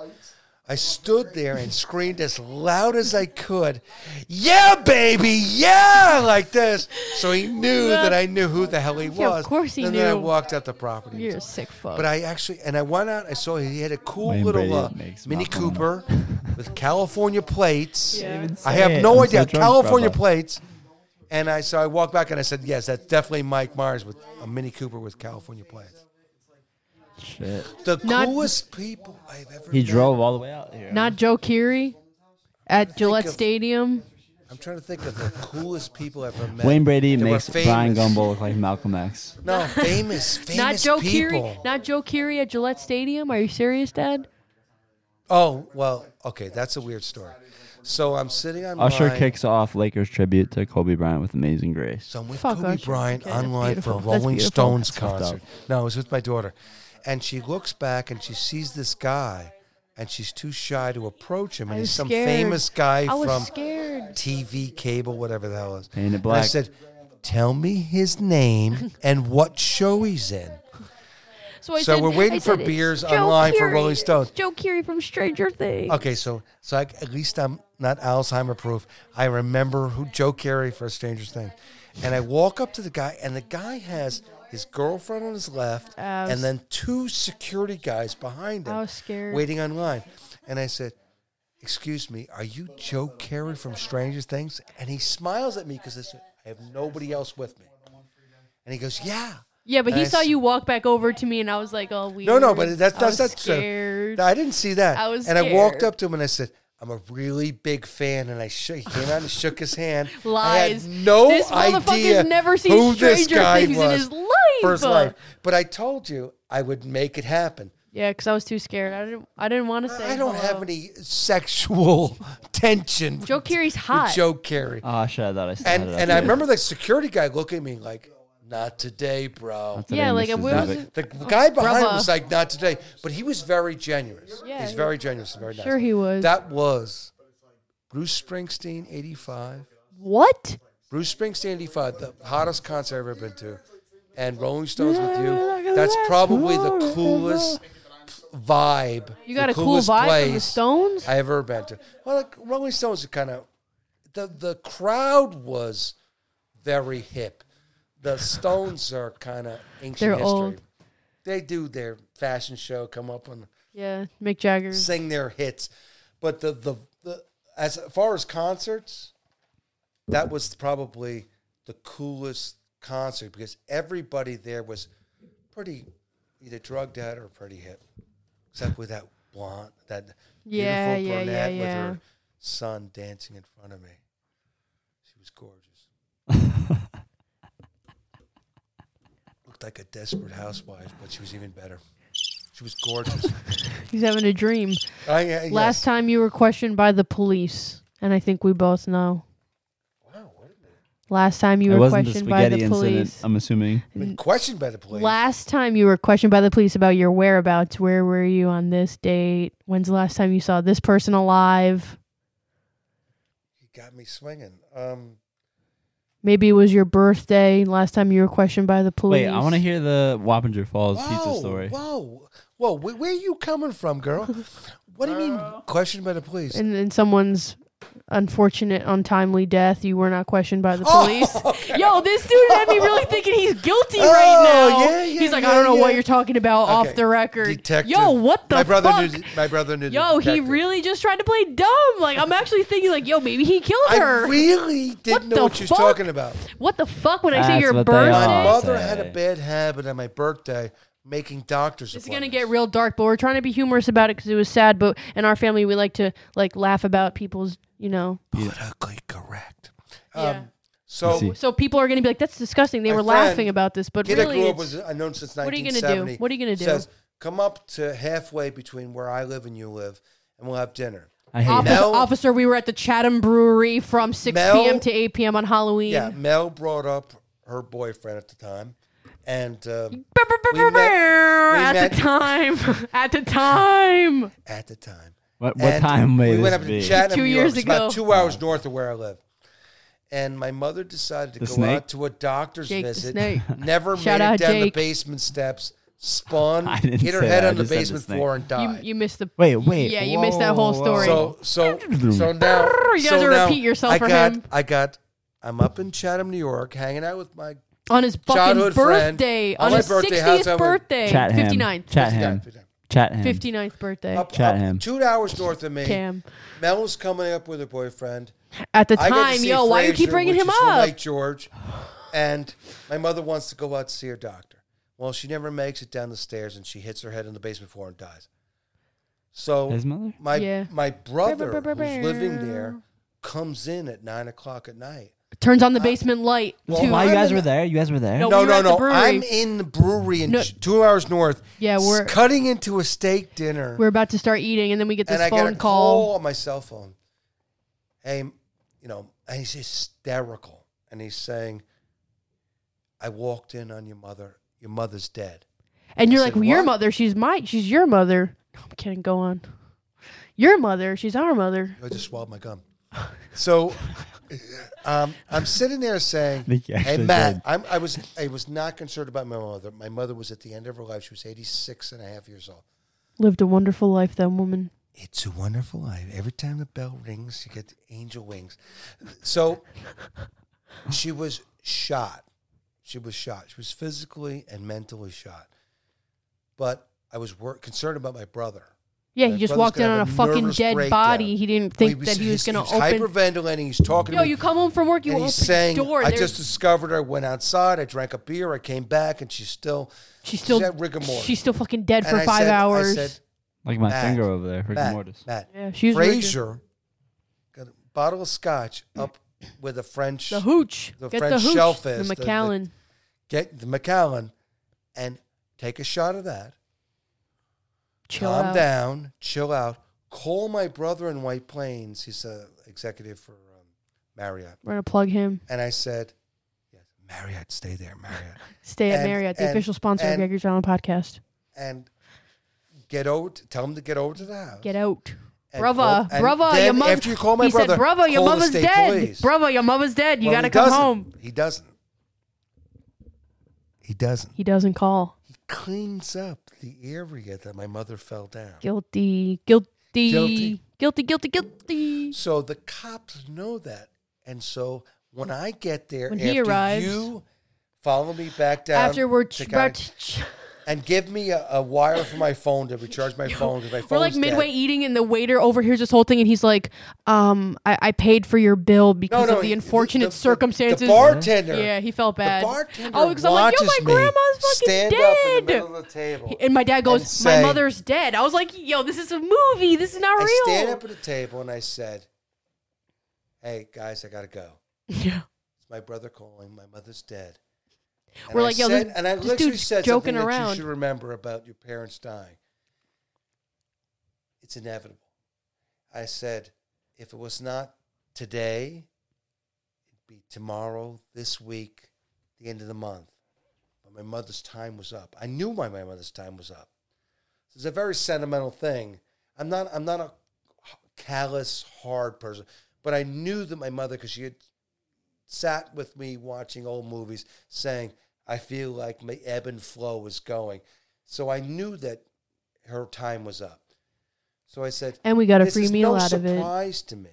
[SPEAKER 3] I stood there and screamed as loud as I could, "Yeah, baby, yeah!" like this. So he knew that I knew who the hell he was.
[SPEAKER 1] Yeah, of course he
[SPEAKER 3] and then I
[SPEAKER 1] knew.
[SPEAKER 3] walked out the property.
[SPEAKER 1] You're a sick fuck.
[SPEAKER 3] But I actually, and I went out. I saw he had a cool
[SPEAKER 2] Wayne
[SPEAKER 3] little
[SPEAKER 2] Brady
[SPEAKER 3] uh,
[SPEAKER 2] makes
[SPEAKER 3] Mini
[SPEAKER 2] Malcolm.
[SPEAKER 3] Cooper with California plates.
[SPEAKER 1] Yeah.
[SPEAKER 3] I
[SPEAKER 2] Say
[SPEAKER 3] have
[SPEAKER 2] it.
[SPEAKER 3] no
[SPEAKER 2] I'm so
[SPEAKER 3] idea.
[SPEAKER 2] drunk,
[SPEAKER 3] California
[SPEAKER 2] brother.
[SPEAKER 3] plates. And I so I walked back and I said, yes, that's definitely Mike Myers with a Mini Cooper with California plates.
[SPEAKER 2] Shit.
[SPEAKER 3] The
[SPEAKER 1] Not-
[SPEAKER 3] coolest people I've ever.
[SPEAKER 2] He
[SPEAKER 3] met.
[SPEAKER 2] drove all the way out here.
[SPEAKER 1] Not Joe Keery at Gillette
[SPEAKER 3] of-
[SPEAKER 1] Stadium.
[SPEAKER 3] I'm trying to think of the coolest people I've ever met.
[SPEAKER 2] Wayne Brady
[SPEAKER 3] They were
[SPEAKER 2] makes
[SPEAKER 3] famous.
[SPEAKER 2] Brian Gumble look like Malcolm X.
[SPEAKER 3] No, famous, famous
[SPEAKER 1] Not Joe
[SPEAKER 3] people.
[SPEAKER 1] Keery. Not Joe Keery at Gillette Stadium. Are you serious, Dad?
[SPEAKER 3] oh well, okay, that's a weird story. So I'm sitting on.
[SPEAKER 2] Usher kicks off Lakers tribute to Kobe Bryant with amazing grace.
[SPEAKER 3] So I'm with
[SPEAKER 1] Fuck
[SPEAKER 3] Kobe
[SPEAKER 1] Usher.
[SPEAKER 3] Bryant
[SPEAKER 1] Okay, that's
[SPEAKER 3] online for a
[SPEAKER 1] beautiful. That's
[SPEAKER 3] Rolling
[SPEAKER 1] beautiful.
[SPEAKER 3] Stones
[SPEAKER 2] That's fucked
[SPEAKER 3] concert. No, it was with my daughter. And she looks back and she sees this guy and she's too shy to approach him. And
[SPEAKER 1] I
[SPEAKER 3] he's
[SPEAKER 1] was
[SPEAKER 3] some
[SPEAKER 1] scared.
[SPEAKER 3] famous guy
[SPEAKER 1] I was
[SPEAKER 3] from
[SPEAKER 1] scared.
[SPEAKER 3] TV, cable, whatever the hell it is.
[SPEAKER 2] Painted
[SPEAKER 3] And I
[SPEAKER 2] black.
[SPEAKER 3] said, Tell me his name and what show he's in.
[SPEAKER 1] So, I
[SPEAKER 3] So
[SPEAKER 1] said-
[SPEAKER 3] we're waiting
[SPEAKER 1] I
[SPEAKER 3] for
[SPEAKER 1] said, "It's
[SPEAKER 3] beers
[SPEAKER 1] Joe
[SPEAKER 3] online for
[SPEAKER 1] Keery.
[SPEAKER 3] Rolling
[SPEAKER 1] It's
[SPEAKER 3] Stones."
[SPEAKER 1] Joe Keery from Stranger Things.
[SPEAKER 3] Okay, so so I, at least I'm not Alzheimer proof. I remember who Joe Carey for Stranger Things, and I walk up to the guy, and the guy has his girlfriend on his left,
[SPEAKER 1] I was-
[SPEAKER 3] and then two security guys behind him,
[SPEAKER 1] I was scared.
[SPEAKER 3] waiting on line, and I said. Excuse me, are you Joe Carey from Stranger Things? And he smiles at me because I said, I have nobody else with me. And he goes, Yeah.
[SPEAKER 1] Yeah, but
[SPEAKER 3] And
[SPEAKER 1] he
[SPEAKER 3] I
[SPEAKER 1] saw
[SPEAKER 3] s-
[SPEAKER 1] you walk back over to me, and I was like, "Oh, weird."
[SPEAKER 3] No, no, but that's
[SPEAKER 1] I
[SPEAKER 3] that's
[SPEAKER 1] was
[SPEAKER 3] that's
[SPEAKER 1] scared.
[SPEAKER 3] So, I didn't see that.
[SPEAKER 1] I was
[SPEAKER 3] and I walked
[SPEAKER 1] scared.
[SPEAKER 3] up to him and I said, "I'm a really big fan." And I shook, he came out and shook his hand.
[SPEAKER 1] Lies.
[SPEAKER 3] I had no
[SPEAKER 1] This motherfucker's
[SPEAKER 3] idea
[SPEAKER 1] never seen
[SPEAKER 3] who this
[SPEAKER 1] Stranger
[SPEAKER 3] guy
[SPEAKER 1] Things in
[SPEAKER 3] was
[SPEAKER 1] his life.
[SPEAKER 3] First life. But I told you I would make it happen.
[SPEAKER 1] yeah, because I was too scared. I didn't. I didn't want to say.
[SPEAKER 3] I don't
[SPEAKER 1] hello.
[SPEAKER 3] have any sexual tension.
[SPEAKER 1] Joe
[SPEAKER 3] with-
[SPEAKER 1] Carey's
[SPEAKER 3] with
[SPEAKER 1] hot.
[SPEAKER 3] Joe Carey.
[SPEAKER 2] Oh, shit, I thought I said
[SPEAKER 3] and and I remember the security guy looking at me like, "Not today, bro."
[SPEAKER 1] Yeah, like
[SPEAKER 2] a
[SPEAKER 1] it was.
[SPEAKER 3] The guy behind
[SPEAKER 1] Brava.
[SPEAKER 3] was like, not today. But he was very generous.
[SPEAKER 1] Yeah,
[SPEAKER 3] He's
[SPEAKER 1] he-
[SPEAKER 3] very generous and very nice.
[SPEAKER 1] Sure he was.
[SPEAKER 3] That was Bruce Springsteen, 85.
[SPEAKER 1] What?
[SPEAKER 3] Bruce Springsteen, 85, the hottest concert I've ever been to. And Rolling Stones with you. That's probably the coolest vibe.
[SPEAKER 1] You got
[SPEAKER 3] the
[SPEAKER 1] a cool
[SPEAKER 3] coolest
[SPEAKER 1] vibe from the
[SPEAKER 3] place
[SPEAKER 1] Stones.
[SPEAKER 3] I ever been to. Well, like, Rolling Stones are kind of, the, the crowd was very hip. The Stones are kind of ancient
[SPEAKER 1] They're
[SPEAKER 3] history.
[SPEAKER 1] old.
[SPEAKER 3] They do their fashion show, come up on
[SPEAKER 1] yeah, Mick Jagger.
[SPEAKER 3] sing their hits. But the the, the as far as concerts, that was probably the coolest concert because everybody there was pretty either drugged out or pretty hip, except with that blonde, that
[SPEAKER 1] Yeah,
[SPEAKER 3] beautiful
[SPEAKER 1] yeah, yeah,
[SPEAKER 3] brunette
[SPEAKER 1] yeah.
[SPEAKER 3] with her son dancing in front of me. She was gorgeous. Looked like a desperate housewife, but she was even better. She was gorgeous.
[SPEAKER 1] He's having a dream.
[SPEAKER 3] I, I, yes.
[SPEAKER 1] Last time you were questioned by the police, and I think we both know. Last time you
[SPEAKER 2] It
[SPEAKER 1] were
[SPEAKER 2] wasn't the
[SPEAKER 1] questioned by
[SPEAKER 2] spaghetti
[SPEAKER 1] the
[SPEAKER 2] incident,
[SPEAKER 1] police.
[SPEAKER 2] I'm assuming.
[SPEAKER 1] Mm.
[SPEAKER 3] been questioned by the police.
[SPEAKER 1] Last time you were questioned by the police about your whereabouts. Where were you on this date? When's the last time you saw this person alive?
[SPEAKER 3] he got me swinging. Um,
[SPEAKER 1] Maybe it was your birthday last time you were questioned by the police.
[SPEAKER 2] Wait, I want to hear the Wappinger Falls pizza
[SPEAKER 3] Whoa,
[SPEAKER 2] story.
[SPEAKER 3] Whoa, whoa, wh- where are you coming from, girl? What do you mean questioned by the police?
[SPEAKER 1] And in someone's unfortunate, untimely death, you were not questioned by the
[SPEAKER 3] Oh,
[SPEAKER 1] police. Yo, this dude had me really thinking he's guilty right
[SPEAKER 3] Oh,
[SPEAKER 1] now.
[SPEAKER 3] yeah, yeah,
[SPEAKER 1] he's like,
[SPEAKER 3] yeah,
[SPEAKER 1] I don't know what
[SPEAKER 3] yeah.
[SPEAKER 1] you're talking about off
[SPEAKER 3] Okay.
[SPEAKER 1] the record.
[SPEAKER 3] Detective.
[SPEAKER 1] Yo, what the
[SPEAKER 3] my brother
[SPEAKER 1] fuck?
[SPEAKER 3] Knew, my brother knew. the
[SPEAKER 1] Yo, he
[SPEAKER 3] detective.
[SPEAKER 1] really just tried to play dumb. Like, I'm actually thinking, like, yo, maybe he killed
[SPEAKER 3] I
[SPEAKER 1] her.
[SPEAKER 3] really didn't
[SPEAKER 1] What
[SPEAKER 3] know
[SPEAKER 1] the
[SPEAKER 3] what she was
[SPEAKER 1] fuck?
[SPEAKER 3] talking about.
[SPEAKER 1] what the fuck? When I say
[SPEAKER 2] That's
[SPEAKER 1] your
[SPEAKER 2] what they are.
[SPEAKER 3] My
[SPEAKER 2] Oh,
[SPEAKER 1] birthday,
[SPEAKER 3] mother
[SPEAKER 2] say.
[SPEAKER 3] had a bad habit on my birthday making doctors.
[SPEAKER 1] This is gonna get
[SPEAKER 3] appointments.
[SPEAKER 1] real dark, but we're trying to be humorous about it because it was sad. But in our family, we like to like laugh about people's, you know.
[SPEAKER 3] politically correct. Um,
[SPEAKER 1] Yeah.
[SPEAKER 3] So
[SPEAKER 2] see.
[SPEAKER 1] So people are gonna be like, "That's disgusting." They
[SPEAKER 3] My
[SPEAKER 1] were
[SPEAKER 3] friend,
[SPEAKER 1] laughing about this, but
[SPEAKER 3] Kid I
[SPEAKER 1] really,
[SPEAKER 3] grew up
[SPEAKER 1] it's-
[SPEAKER 3] was uh, unknown since
[SPEAKER 1] What are you gonna do?
[SPEAKER 3] 1970.
[SPEAKER 1] What are you gonna do?
[SPEAKER 3] Says, come up to halfway between where I live and you live, and we'll have dinner.
[SPEAKER 2] I hate
[SPEAKER 1] officer,
[SPEAKER 2] that.
[SPEAKER 3] Mel-
[SPEAKER 1] officer, we were at the Chatham Brewery from 6
[SPEAKER 3] Mel-
[SPEAKER 1] p.m. to 8 p.m. on Halloween.
[SPEAKER 3] Yeah, Mel brought up her boyfriend at the time, and um, we met- we
[SPEAKER 1] at
[SPEAKER 3] met-
[SPEAKER 1] the time, at the time.
[SPEAKER 3] at the time.
[SPEAKER 2] What, what
[SPEAKER 3] And
[SPEAKER 2] time may
[SPEAKER 3] we
[SPEAKER 2] this
[SPEAKER 3] went up
[SPEAKER 2] be?
[SPEAKER 3] to Chatham,
[SPEAKER 1] Two
[SPEAKER 3] New
[SPEAKER 1] years
[SPEAKER 3] York. It's about
[SPEAKER 1] ago.
[SPEAKER 3] two hours north of where I live. And my mother decided to
[SPEAKER 2] The
[SPEAKER 3] go
[SPEAKER 2] snake?
[SPEAKER 3] out to a doctor's
[SPEAKER 1] Jake the
[SPEAKER 3] visit.
[SPEAKER 1] snake.
[SPEAKER 3] Never
[SPEAKER 1] Shout
[SPEAKER 3] made
[SPEAKER 1] out
[SPEAKER 3] it down
[SPEAKER 1] Jake.
[SPEAKER 3] the basement steps. Spun,
[SPEAKER 2] I didn't
[SPEAKER 3] hit her
[SPEAKER 2] say
[SPEAKER 3] head
[SPEAKER 2] that. I
[SPEAKER 3] on the
[SPEAKER 2] just said the
[SPEAKER 3] basement
[SPEAKER 2] snake.
[SPEAKER 3] floor, and
[SPEAKER 1] You,
[SPEAKER 3] died.
[SPEAKER 1] you missed the.
[SPEAKER 2] Wait, wait.
[SPEAKER 1] Yeah, you missed that whole
[SPEAKER 2] whoa,
[SPEAKER 1] story.
[SPEAKER 2] whoa.
[SPEAKER 3] so, so, so now
[SPEAKER 1] You
[SPEAKER 3] so
[SPEAKER 1] gotta
[SPEAKER 3] now
[SPEAKER 1] repeat yourself
[SPEAKER 3] I
[SPEAKER 1] for
[SPEAKER 3] got,
[SPEAKER 1] him.
[SPEAKER 3] I got. I'm up in Chatham, New York, hanging out with my
[SPEAKER 1] on his fucking
[SPEAKER 3] Childhood friend.
[SPEAKER 1] birthday,
[SPEAKER 3] On
[SPEAKER 1] on
[SPEAKER 3] my
[SPEAKER 1] his
[SPEAKER 3] birthday, how's
[SPEAKER 1] 60th
[SPEAKER 3] that
[SPEAKER 1] birthday,
[SPEAKER 2] Chat him.
[SPEAKER 1] 59th,
[SPEAKER 2] Chat him. Chat him.
[SPEAKER 1] 59th birthday.
[SPEAKER 3] Up,
[SPEAKER 2] Chat
[SPEAKER 3] up
[SPEAKER 2] him.
[SPEAKER 3] Two hours north of me.
[SPEAKER 1] Cam.
[SPEAKER 3] Mel was coming up with her boyfriend.
[SPEAKER 1] At the
[SPEAKER 3] I got to
[SPEAKER 1] time,
[SPEAKER 3] see
[SPEAKER 1] yo, why you keep
[SPEAKER 3] Frasier,
[SPEAKER 1] bringing
[SPEAKER 3] which
[SPEAKER 1] him
[SPEAKER 3] is from
[SPEAKER 1] up?
[SPEAKER 3] Lake George, and my mother wants to go out to see her doctor. Well, she never makes it down the stairs, and she hits her head on the basement floor and dies. So
[SPEAKER 2] His mother?
[SPEAKER 3] my
[SPEAKER 1] Yeah.
[SPEAKER 3] my brother
[SPEAKER 1] Brr, brr, brr, brr,
[SPEAKER 3] who's living
[SPEAKER 1] brr.
[SPEAKER 3] there comes in at nine o'clock at night.
[SPEAKER 1] Turns on the basement light.
[SPEAKER 3] uh, Well,
[SPEAKER 1] to-
[SPEAKER 2] Why Oh, you
[SPEAKER 3] I'm
[SPEAKER 2] guys
[SPEAKER 3] in-
[SPEAKER 2] were there? You guys were there?
[SPEAKER 1] No,
[SPEAKER 3] no,
[SPEAKER 1] we were
[SPEAKER 3] no,
[SPEAKER 1] at the
[SPEAKER 3] no!
[SPEAKER 1] brewery.
[SPEAKER 3] I'm in the brewery in
[SPEAKER 1] No.
[SPEAKER 3] ch- two hours north.
[SPEAKER 1] Yeah,
[SPEAKER 3] s-
[SPEAKER 1] we're-
[SPEAKER 3] cutting into a steak dinner,
[SPEAKER 1] We're about to start eating, and then we get this
[SPEAKER 3] and I
[SPEAKER 1] phone
[SPEAKER 3] get a
[SPEAKER 1] call.
[SPEAKER 3] on my cell phone. Hey, you know, and he's hysterical, and he's saying, "I walked in on your mother. Your mother's dead."
[SPEAKER 1] And you're
[SPEAKER 3] I
[SPEAKER 1] like,
[SPEAKER 3] said,
[SPEAKER 1] well, your
[SPEAKER 3] "What?"
[SPEAKER 1] mother, she's my, she's your mother. No, I'm kidding. Go on. Your mother, she's our mother.
[SPEAKER 3] I just swallowed my gum. So, um, I'm sitting there saying,
[SPEAKER 2] think you
[SPEAKER 3] "Hey,
[SPEAKER 2] actually
[SPEAKER 3] Matt,
[SPEAKER 2] did.
[SPEAKER 3] I'm, I was I was not concerned about my mother. My mother was at the end of her life. She was 86 and a half years old."
[SPEAKER 1] Lived a wonderful life, that woman.
[SPEAKER 3] It's a wonderful life. Every time the bell rings, you get the angel wings. So she was shot. She was shot. She was physically and mentally shot. But I was wor- concerned about my brother.
[SPEAKER 1] Yeah,
[SPEAKER 3] My
[SPEAKER 1] he just
[SPEAKER 3] brother's
[SPEAKER 1] walked in
[SPEAKER 3] gonna
[SPEAKER 1] on a
[SPEAKER 3] have a
[SPEAKER 1] fucking
[SPEAKER 3] nervous
[SPEAKER 1] dead
[SPEAKER 3] breakdown.
[SPEAKER 1] body. He didn't think that he was
[SPEAKER 3] he's-
[SPEAKER 1] going to
[SPEAKER 3] he's
[SPEAKER 1] open.
[SPEAKER 3] hyperventilating. He's talking
[SPEAKER 1] Yo,
[SPEAKER 3] to me.
[SPEAKER 1] you come home from work, you
[SPEAKER 3] and
[SPEAKER 1] open
[SPEAKER 3] he's saying,
[SPEAKER 1] the door.
[SPEAKER 3] I
[SPEAKER 1] there's-
[SPEAKER 3] just discovered I went outside. I drank a beer. I came back, and she's still.
[SPEAKER 1] she's still,
[SPEAKER 3] at rigor mortis.
[SPEAKER 1] she's still fucking dead
[SPEAKER 3] And
[SPEAKER 1] for
[SPEAKER 3] I
[SPEAKER 1] five
[SPEAKER 3] said- I
[SPEAKER 1] hours.
[SPEAKER 3] said,
[SPEAKER 2] Like my
[SPEAKER 3] Matt,
[SPEAKER 2] finger over there. Rick and
[SPEAKER 3] Matt,
[SPEAKER 2] Mortis.
[SPEAKER 3] Matt,
[SPEAKER 1] yeah, she was rigor.
[SPEAKER 3] Frazier got a bottle of scotch up with a French
[SPEAKER 1] The hooch.
[SPEAKER 3] The
[SPEAKER 1] Get the
[SPEAKER 3] French
[SPEAKER 1] hooch.
[SPEAKER 3] shellfish,
[SPEAKER 1] The
[SPEAKER 3] the- the-
[SPEAKER 1] McAllen.
[SPEAKER 3] get the Macallan and take a shot of that.
[SPEAKER 1] Chill
[SPEAKER 3] calm
[SPEAKER 1] out.
[SPEAKER 3] down, chill out. Call my brother in White Plains. He's a executive for um, Marriott,
[SPEAKER 1] We're going to plug him.
[SPEAKER 3] and I said, "Yes, Marriott, stay there, Marriott,
[SPEAKER 1] Stay at
[SPEAKER 3] And-
[SPEAKER 1] Marriott, the
[SPEAKER 3] and-
[SPEAKER 1] official sponsor of
[SPEAKER 3] and-
[SPEAKER 1] Gregory's Island Podcast.
[SPEAKER 3] and get over. To, tell him to get over to the house.
[SPEAKER 1] Get out.
[SPEAKER 3] and
[SPEAKER 1] brother,
[SPEAKER 3] call- and
[SPEAKER 1] brother,
[SPEAKER 3] then
[SPEAKER 1] your mother.
[SPEAKER 3] After you call my
[SPEAKER 1] he
[SPEAKER 3] brother,
[SPEAKER 1] said, brother, your
[SPEAKER 3] call the
[SPEAKER 1] mama's
[SPEAKER 3] state
[SPEAKER 1] dead.
[SPEAKER 3] police."
[SPEAKER 1] Brother, your mama's dead. You
[SPEAKER 3] Well,
[SPEAKER 1] gotta
[SPEAKER 3] he
[SPEAKER 1] come
[SPEAKER 3] doesn't.
[SPEAKER 1] home.
[SPEAKER 3] He doesn't. He doesn't.
[SPEAKER 1] He doesn't call.
[SPEAKER 3] He cleans up the area that my mother fell down.
[SPEAKER 1] Guilty, guilty,
[SPEAKER 3] Guilty.
[SPEAKER 1] guilty, guilty, guilty. guilty.
[SPEAKER 3] So the cops know that. And so when I get there,
[SPEAKER 1] When he
[SPEAKER 3] after
[SPEAKER 1] arrives-
[SPEAKER 3] you follow me back down
[SPEAKER 1] After we're
[SPEAKER 3] to
[SPEAKER 1] ch-
[SPEAKER 3] guy-
[SPEAKER 1] about to ch-
[SPEAKER 3] and give me a, a wire for my phone to recharge my phone because my phone
[SPEAKER 1] we're like midway eating, and the waiter overhears this whole thing, and he's like, "Um, I, I paid for your bill because of the unfortunate circumstances."
[SPEAKER 3] The bartender.
[SPEAKER 1] yeah, he felt
[SPEAKER 3] the
[SPEAKER 1] bad.
[SPEAKER 3] bartender
[SPEAKER 1] oh, because I'm like, yo,
[SPEAKER 3] watches
[SPEAKER 1] my
[SPEAKER 3] me
[SPEAKER 1] grandma's fucking
[SPEAKER 3] stand
[SPEAKER 1] dead.
[SPEAKER 3] up in the middle of the table.
[SPEAKER 1] and my dad
[SPEAKER 3] and
[SPEAKER 1] goes,
[SPEAKER 3] say-
[SPEAKER 1] "My mother's dead." I was like, "Yo, this is a movie. This is not
[SPEAKER 3] I
[SPEAKER 1] real."
[SPEAKER 3] stand up at the table and I said, "Hey guys, I gotta go.
[SPEAKER 1] yeah.
[SPEAKER 3] It's my brother calling. My mother's dead."
[SPEAKER 1] We're
[SPEAKER 3] I
[SPEAKER 1] like, yo,
[SPEAKER 3] said-
[SPEAKER 1] this-
[SPEAKER 3] and I
[SPEAKER 1] this
[SPEAKER 3] literally
[SPEAKER 1] dude's
[SPEAKER 3] said
[SPEAKER 1] joking
[SPEAKER 3] something That
[SPEAKER 1] around.
[SPEAKER 3] you should remember about your parents dying. It's inevitable. I said, if it was not today, it'd be tomorrow, this week, the end of the month. But my mother's time was up. I knew my my mother's time was up. It's a very sentimental thing. I'm not. I'm not a callous, hard person, but I knew that my mother, because she had sat with me watching old movies saying, I feel like my ebb and flow was going. So I knew that her time was up. So I said,
[SPEAKER 1] And we got a
[SPEAKER 3] this
[SPEAKER 1] free
[SPEAKER 3] is
[SPEAKER 1] meal
[SPEAKER 3] no
[SPEAKER 1] out of it.
[SPEAKER 3] surprise to me.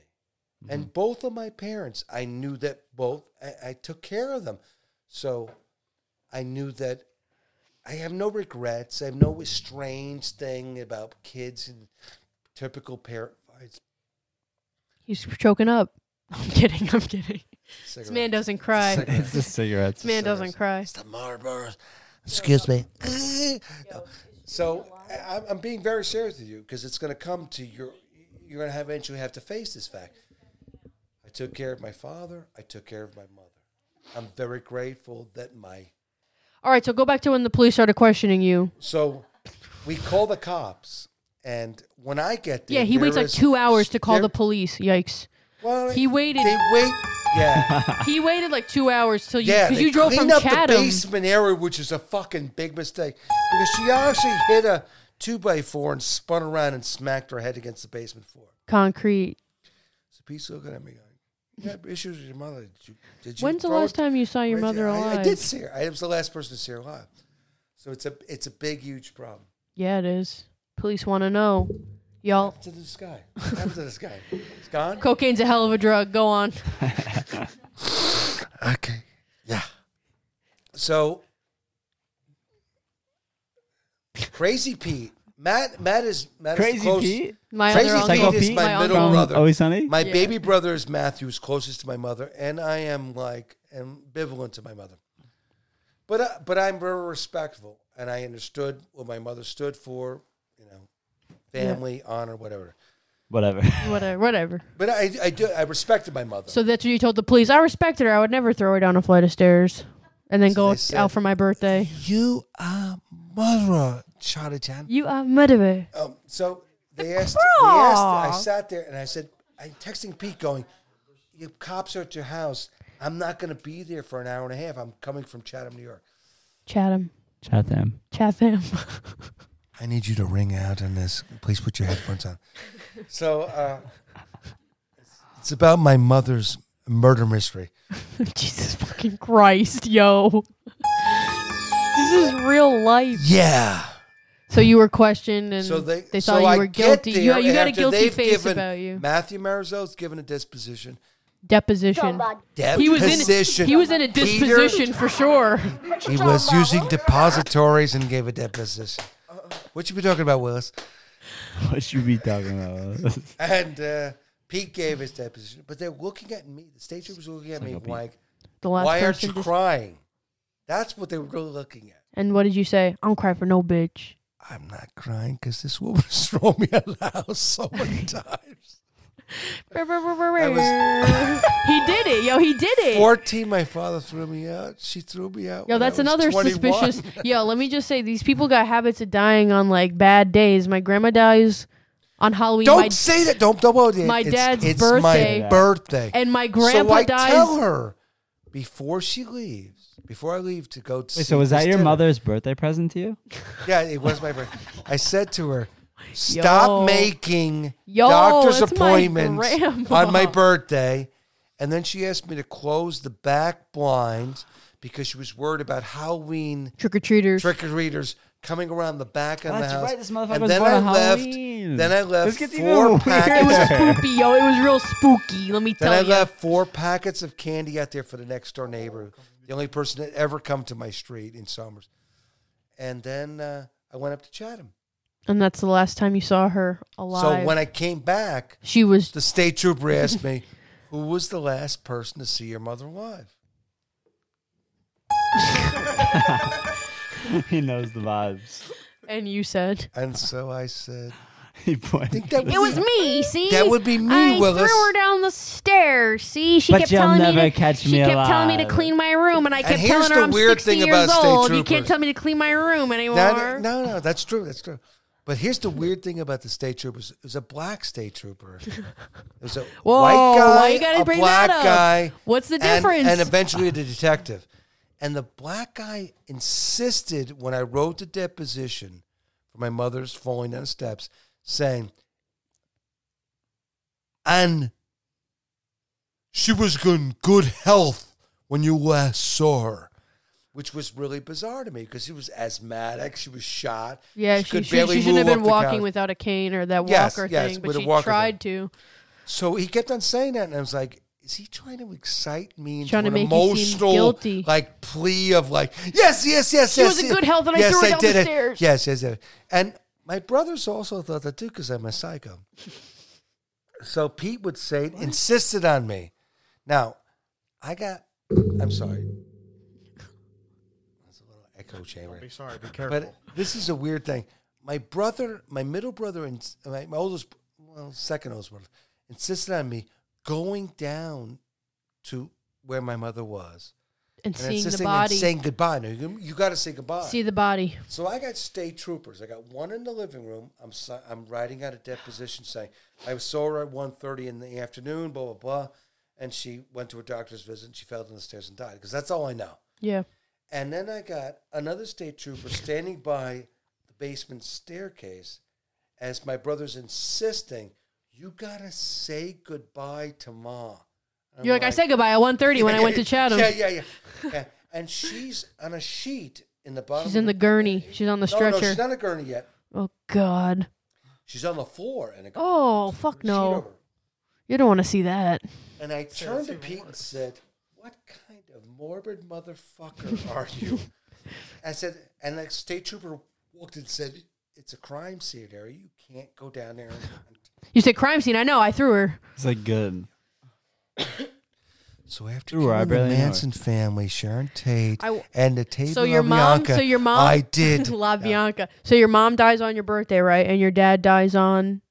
[SPEAKER 3] And both of my parents, I knew that both, I, I took care of them. So I knew that I have no regrets. I have no strange thing about kids and typical parent fights.
[SPEAKER 1] He's choking up. I'm kidding. I'm kidding. This man doesn't cry.
[SPEAKER 3] Cigarette.
[SPEAKER 2] it's the cigarettes.
[SPEAKER 1] This man doesn't cry.
[SPEAKER 3] It's the Marlboros. Excuse me. so I- I'm, I'm being very serious with you because it's going to come to your. You're going to have eventually have to face this fact. I took care of my father. I took care of my mother. I'm very grateful that my
[SPEAKER 1] All right, so go back to when the police started questioning you.
[SPEAKER 3] So we call the cops, and when I get there,
[SPEAKER 1] Yeah, he
[SPEAKER 3] there
[SPEAKER 1] waits like
[SPEAKER 3] is-
[SPEAKER 1] two hours to call
[SPEAKER 3] there-
[SPEAKER 1] the police. Yikes.
[SPEAKER 3] Well,
[SPEAKER 1] He waited.
[SPEAKER 3] They wait. Yeah,
[SPEAKER 1] He waited like two hours till you
[SPEAKER 3] yeah.
[SPEAKER 1] because
[SPEAKER 3] they
[SPEAKER 1] you drove from
[SPEAKER 3] clean up the
[SPEAKER 1] Chatham.
[SPEAKER 3] basement area, which is a fucking big mistake because she actually hit a two by four and spun around and smacked her head against the basement floor.
[SPEAKER 1] Concrete.
[SPEAKER 3] So Pete's looking at me like, "You got issues with your mother? Did you? Did you
[SPEAKER 1] When's the
[SPEAKER 3] throw
[SPEAKER 1] last
[SPEAKER 3] it-
[SPEAKER 1] time you saw your
[SPEAKER 3] Where'd you-
[SPEAKER 1] mother
[SPEAKER 3] I-
[SPEAKER 1] alive?
[SPEAKER 3] I, did see her. I was the last person to see her alive. So it's a it's a big huge problem.
[SPEAKER 1] Yeah, it is. Police want to know. Y'all,
[SPEAKER 3] To this guy. What happened to this guy? He's gone.
[SPEAKER 1] cocaine's a hell of a drug. Go on.
[SPEAKER 3] Okay. Yeah. So Crazy Pete. Matt Matt is Matt is
[SPEAKER 2] Crazy
[SPEAKER 3] the close-
[SPEAKER 2] Pete.
[SPEAKER 1] My
[SPEAKER 3] Crazy
[SPEAKER 1] other uncle.
[SPEAKER 2] Psycho
[SPEAKER 3] Pete is
[SPEAKER 2] Pete?
[SPEAKER 3] my,
[SPEAKER 1] My
[SPEAKER 3] middle
[SPEAKER 1] uncle.
[SPEAKER 3] brother.
[SPEAKER 2] Always sunny.
[SPEAKER 3] My
[SPEAKER 1] Yeah.
[SPEAKER 3] baby brother is Matthew, who's closest to my mother, and I am like ambivalent to my mother. But uh, but I'm very respectful, and I understood what my mother stood for, you know, family, honor, whatever.
[SPEAKER 2] Whatever.
[SPEAKER 1] Whatever. Whatever.
[SPEAKER 3] But I I do I respected my mother.
[SPEAKER 1] So that's what you told the police. I respected her. I would never throw her down a flight of stairs and then
[SPEAKER 3] So
[SPEAKER 1] go
[SPEAKER 3] they said-
[SPEAKER 1] out for my birthday.
[SPEAKER 3] you are mother, Charlie Chan.
[SPEAKER 1] You are murderer.
[SPEAKER 3] Um, so they asked, they asked. I sat there and I said, I'm texting Pete, going, "You cops are at your house. I'm not going to be there for an hour and a half. I'm coming from Chatham, New York.
[SPEAKER 1] Chatham.
[SPEAKER 2] Chatham.
[SPEAKER 1] Chatham.
[SPEAKER 3] I need you to ring out on this. Please put your headphones on." so uh, it's about my mother's murder mystery.
[SPEAKER 1] Jesus fucking Christ, yo. this is real life.
[SPEAKER 3] Yeah.
[SPEAKER 1] So you were questioned and
[SPEAKER 3] So
[SPEAKER 1] they,
[SPEAKER 3] they,
[SPEAKER 1] thought
[SPEAKER 3] so
[SPEAKER 1] you
[SPEAKER 3] I
[SPEAKER 1] were
[SPEAKER 3] get
[SPEAKER 1] guilty.
[SPEAKER 3] there,
[SPEAKER 1] You, you
[SPEAKER 3] and
[SPEAKER 1] had a
[SPEAKER 3] after
[SPEAKER 1] guilty
[SPEAKER 3] they've
[SPEAKER 1] face
[SPEAKER 3] given-
[SPEAKER 1] about you.
[SPEAKER 3] Matthew Marizo's given a disposition.
[SPEAKER 1] Deposition. He was
[SPEAKER 3] Deposition.
[SPEAKER 1] in he was in a
[SPEAKER 3] Peter-
[SPEAKER 1] disposition for sure.
[SPEAKER 3] He was using depositories and gave a deposition.
[SPEAKER 1] Uh-uh.
[SPEAKER 3] What you be talking about, Willis?
[SPEAKER 2] What you be talking about?
[SPEAKER 3] And uh, Pete gave his deposition, but they're looking at me. The stage was looking at me
[SPEAKER 2] Psycho Pete.
[SPEAKER 3] like,
[SPEAKER 1] The last
[SPEAKER 3] "Why aren't
[SPEAKER 1] person
[SPEAKER 3] you
[SPEAKER 1] dis-
[SPEAKER 3] crying?" That's what they were really looking at.
[SPEAKER 1] And what did you say? I don't cry for no bitch.
[SPEAKER 3] I'm not crying because this woman has thrown me out of the house so many times. was-
[SPEAKER 1] he did it, yo. He did it.
[SPEAKER 3] 14, my father threw me out. She threw me out.
[SPEAKER 1] Yo,
[SPEAKER 3] when I
[SPEAKER 1] that's
[SPEAKER 3] was
[SPEAKER 1] another
[SPEAKER 3] 21.
[SPEAKER 1] suspicious. Yo, let me just say, these people got habits of dying on like bad days. My grandma dies on Halloween.
[SPEAKER 3] Don't
[SPEAKER 1] my,
[SPEAKER 3] say that. Don't double it.
[SPEAKER 1] my
[SPEAKER 3] it's,
[SPEAKER 1] dad's
[SPEAKER 3] it's
[SPEAKER 1] birthday.
[SPEAKER 3] my birthday.
[SPEAKER 1] and my grandpa
[SPEAKER 3] so I
[SPEAKER 1] dies.
[SPEAKER 3] tell her before she leaves, before I leave to go. To
[SPEAKER 2] Wait,
[SPEAKER 3] see
[SPEAKER 2] so was that
[SPEAKER 3] this
[SPEAKER 2] your
[SPEAKER 3] dinner.
[SPEAKER 2] mother's birthday present to you?
[SPEAKER 3] Yeah, it was my birthday. I said to her, "Stop
[SPEAKER 1] Yo.
[SPEAKER 3] making
[SPEAKER 1] Yo,
[SPEAKER 3] doctor's
[SPEAKER 1] that's my
[SPEAKER 3] appointments
[SPEAKER 1] grandma.
[SPEAKER 3] on my birthday." And then she asked me to close the back blinds because she was worried about Halloween
[SPEAKER 1] Trick or treaters.
[SPEAKER 3] trick or treaters coming around the back of the
[SPEAKER 2] That's
[SPEAKER 3] house.
[SPEAKER 2] right, this motherfucker
[SPEAKER 3] and
[SPEAKER 2] was
[SPEAKER 3] then
[SPEAKER 2] born
[SPEAKER 3] I
[SPEAKER 2] on
[SPEAKER 3] left.
[SPEAKER 2] Halloween.
[SPEAKER 3] Then I
[SPEAKER 2] This
[SPEAKER 3] left
[SPEAKER 2] gets
[SPEAKER 3] four
[SPEAKER 2] even
[SPEAKER 1] It was
[SPEAKER 3] packets.
[SPEAKER 1] spooky, yo. It was real spooky. Let me
[SPEAKER 3] Then
[SPEAKER 1] tell
[SPEAKER 3] I
[SPEAKER 1] you.
[SPEAKER 3] left four packets of candy out there for the next door neighbor, the only person that ever come to my street in Summers. And then uh, I went up to Chatham.
[SPEAKER 1] And that's the last time you saw her alive.
[SPEAKER 3] So when I came back,
[SPEAKER 1] she was
[SPEAKER 3] the state trooper asked me, "Who was the last person to see your mother alive?"
[SPEAKER 2] he knows the vibes.
[SPEAKER 1] and you said
[SPEAKER 3] And so I said,
[SPEAKER 2] He pointed.
[SPEAKER 3] "I think that would
[SPEAKER 8] It
[SPEAKER 3] be-
[SPEAKER 8] was me, see?
[SPEAKER 3] That would be me,
[SPEAKER 8] I
[SPEAKER 3] Willis.
[SPEAKER 8] threw her down the stairs, see? She
[SPEAKER 2] But
[SPEAKER 8] kept
[SPEAKER 2] you'll
[SPEAKER 8] telling me
[SPEAKER 2] never
[SPEAKER 8] to,
[SPEAKER 2] catch
[SPEAKER 8] She
[SPEAKER 2] me
[SPEAKER 8] kept telling me to
[SPEAKER 2] alive.
[SPEAKER 8] clean my room, and I kept
[SPEAKER 3] here's
[SPEAKER 8] telling her
[SPEAKER 3] the
[SPEAKER 8] I'm
[SPEAKER 3] weird
[SPEAKER 8] 60
[SPEAKER 3] thing
[SPEAKER 8] years
[SPEAKER 3] about state
[SPEAKER 8] old. You
[SPEAKER 3] troopers.
[SPEAKER 8] can't tell me to clean my room anymore.
[SPEAKER 3] That- no, no, that's true. That's true. But here's the weird thing about the state troopers: it was a black state trooper. It was a
[SPEAKER 1] Whoa,
[SPEAKER 3] white guy,
[SPEAKER 1] why you gotta
[SPEAKER 3] a
[SPEAKER 1] bring
[SPEAKER 3] black
[SPEAKER 1] that up?
[SPEAKER 3] guy.
[SPEAKER 1] What's the
[SPEAKER 3] and-
[SPEAKER 1] difference?
[SPEAKER 3] And eventually the detective. And the black guy insisted when I wrote the deposition for my mother's falling down steps, saying, "And she was in good health." when you last saw her? Which was really bizarre to me because she was asthmatic. She was shot.
[SPEAKER 1] Yeah, she,
[SPEAKER 3] could
[SPEAKER 1] she,
[SPEAKER 3] barely
[SPEAKER 1] she shouldn't have
[SPEAKER 3] move
[SPEAKER 1] been
[SPEAKER 3] off the
[SPEAKER 1] walking
[SPEAKER 3] couch.
[SPEAKER 1] without a cane or that
[SPEAKER 3] Yes,
[SPEAKER 1] walker
[SPEAKER 3] yes,
[SPEAKER 1] thing,
[SPEAKER 3] with
[SPEAKER 1] but
[SPEAKER 3] a
[SPEAKER 1] she
[SPEAKER 3] walker
[SPEAKER 1] tried to.
[SPEAKER 3] So he kept on saying that, and I was like, "Is he trying to excite me into
[SPEAKER 1] Trying to
[SPEAKER 3] an
[SPEAKER 1] make you seem
[SPEAKER 3] emotional,
[SPEAKER 1] guilty.
[SPEAKER 3] like plea of like, yes, yes, yes,
[SPEAKER 1] She
[SPEAKER 3] yes."
[SPEAKER 1] was in
[SPEAKER 3] yes,
[SPEAKER 1] good health and I
[SPEAKER 3] yes,
[SPEAKER 1] threw her down
[SPEAKER 3] did
[SPEAKER 1] the
[SPEAKER 3] it.
[SPEAKER 1] stairs.
[SPEAKER 3] Yes, yes, yes. And my brothers also thought that too because I'm a psycho. so Pete would say, insisted on me. Now, I got. I'm sorry. That's a little echo chamber.
[SPEAKER 4] Be sorry. Be careful.
[SPEAKER 3] But this is a weird thing. My brother, my middle brother, and s- my, my oldest, well, second oldest brother, insisted on me going down to where my mother was
[SPEAKER 1] And seeing the
[SPEAKER 3] insisting
[SPEAKER 1] body.
[SPEAKER 3] and saying goodbye. No, you, got to say goodbye.
[SPEAKER 1] See the body.
[SPEAKER 3] So I got state troopers. I got one in the living room. I'm si- I'm writing out a deposition saying I saw her at 1.30 in the afternoon. Blah blah blah, and she went to a doctor's visit. and She fell down the stairs and died because that's all I know.
[SPEAKER 1] Yeah.
[SPEAKER 3] And then I got another state trooper standing by the basement staircase as my brother's insisting, you gotta say goodbye to Ma. I'm
[SPEAKER 1] You're like, I said goodbye at 1.30 when I went to Chatham.
[SPEAKER 3] Yeah, yeah, yeah. yeah. And she's on a sheet in the bottom.
[SPEAKER 1] She's
[SPEAKER 3] of
[SPEAKER 1] in the gurney. She's on the
[SPEAKER 3] No, no,
[SPEAKER 1] stretcher.
[SPEAKER 3] she's not a gurney yet.
[SPEAKER 1] oh, God.
[SPEAKER 3] She's on the floor and a
[SPEAKER 1] Oh, fuck
[SPEAKER 3] sheet
[SPEAKER 1] no.
[SPEAKER 3] over.
[SPEAKER 1] You don't want to see that.
[SPEAKER 3] And I turned to Pete and said, What kind of morbid motherfucker are you? I said, and the state trooper walked and said, It's a crime scene area. You can't go down there. And
[SPEAKER 1] You said crime scene. I know. I threw her.
[SPEAKER 2] It's like good.
[SPEAKER 3] so after
[SPEAKER 2] Ooh, I
[SPEAKER 3] killing the
[SPEAKER 2] barely know her.
[SPEAKER 3] Manson family, Sharon Tate,
[SPEAKER 1] I w-
[SPEAKER 3] and the table
[SPEAKER 1] so your
[SPEAKER 3] of
[SPEAKER 1] mom.
[SPEAKER 3] Bianca,
[SPEAKER 1] So your mom.
[SPEAKER 3] I did.
[SPEAKER 1] La Bianca. So your mom dies on your birthday, right? And your dad dies on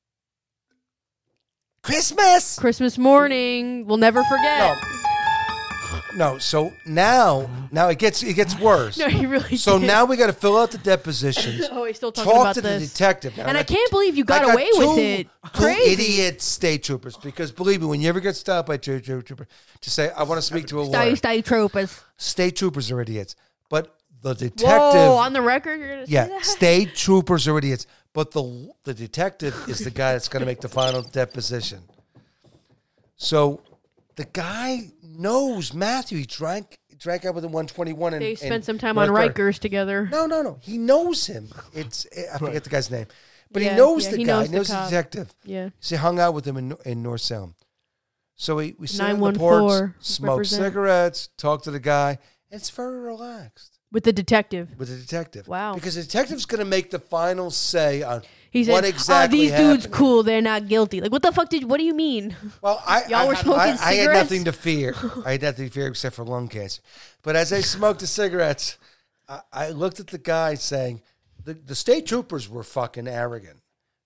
[SPEAKER 3] Christmas.
[SPEAKER 1] Christmas morning. We'll never
[SPEAKER 3] No,
[SPEAKER 1] forget.
[SPEAKER 3] no. So now, now it gets it gets worse.
[SPEAKER 1] No, you really.
[SPEAKER 3] so
[SPEAKER 1] did.
[SPEAKER 3] now we got to fill out the depositions.
[SPEAKER 1] Oh, he's still talking
[SPEAKER 3] talk
[SPEAKER 1] about
[SPEAKER 3] to the
[SPEAKER 1] this.
[SPEAKER 3] detective. Now,
[SPEAKER 1] And I can't believe you got
[SPEAKER 3] I
[SPEAKER 1] away with
[SPEAKER 3] two-
[SPEAKER 1] it.
[SPEAKER 3] Two
[SPEAKER 1] Crazy.
[SPEAKER 3] idiot state troopers. Because believe me, when you ever get stopped by a state trooper, to say I want to speak to a
[SPEAKER 8] Stay,
[SPEAKER 3] lawyer.
[SPEAKER 8] stay troopers.
[SPEAKER 3] State troopers are idiots, but the detective.
[SPEAKER 1] Whoa! On the record, you're gonna say
[SPEAKER 3] yeah,
[SPEAKER 1] that?
[SPEAKER 3] state troopers are idiots, but the the detective is the guy that's going to make the final deposition. So, the guy knows Matthew. He drank drank out with the one twenty one, and
[SPEAKER 1] They spent some time on
[SPEAKER 3] North Dakota.
[SPEAKER 1] Rikers together.
[SPEAKER 3] No, no, no. He knows him. It's I forget the guy's name, but
[SPEAKER 1] Yeah,
[SPEAKER 3] he knows
[SPEAKER 1] yeah,
[SPEAKER 3] the
[SPEAKER 1] he
[SPEAKER 3] guy.
[SPEAKER 1] knows
[SPEAKER 3] He
[SPEAKER 1] the
[SPEAKER 3] knows the,
[SPEAKER 1] cop.
[SPEAKER 3] detective.
[SPEAKER 1] Yeah.
[SPEAKER 3] So he hung out with him in in North Salem. So we we sit on the porch,
[SPEAKER 1] 914
[SPEAKER 3] smoke
[SPEAKER 1] represent.
[SPEAKER 3] cigarettes, talk to the guy. It's very relaxed
[SPEAKER 1] With the detective.
[SPEAKER 3] with the detective.
[SPEAKER 1] Wow.
[SPEAKER 3] Because the detective's going to make the final say on
[SPEAKER 1] He said,
[SPEAKER 3] what exactly
[SPEAKER 1] oh, these
[SPEAKER 3] happened.
[SPEAKER 1] dudes cool. They're not guilty. Like, what the fuck did, what do you mean?
[SPEAKER 3] Well, I,
[SPEAKER 1] Y'all
[SPEAKER 3] I,
[SPEAKER 1] were
[SPEAKER 3] I-
[SPEAKER 1] smoking
[SPEAKER 3] I, I had
[SPEAKER 1] cigarettes?
[SPEAKER 3] nothing to fear. I had nothing to fear except for lung cancer. But as I smoked the cigarettes, I, I looked at the guy saying, the, the state troopers were fucking arrogant.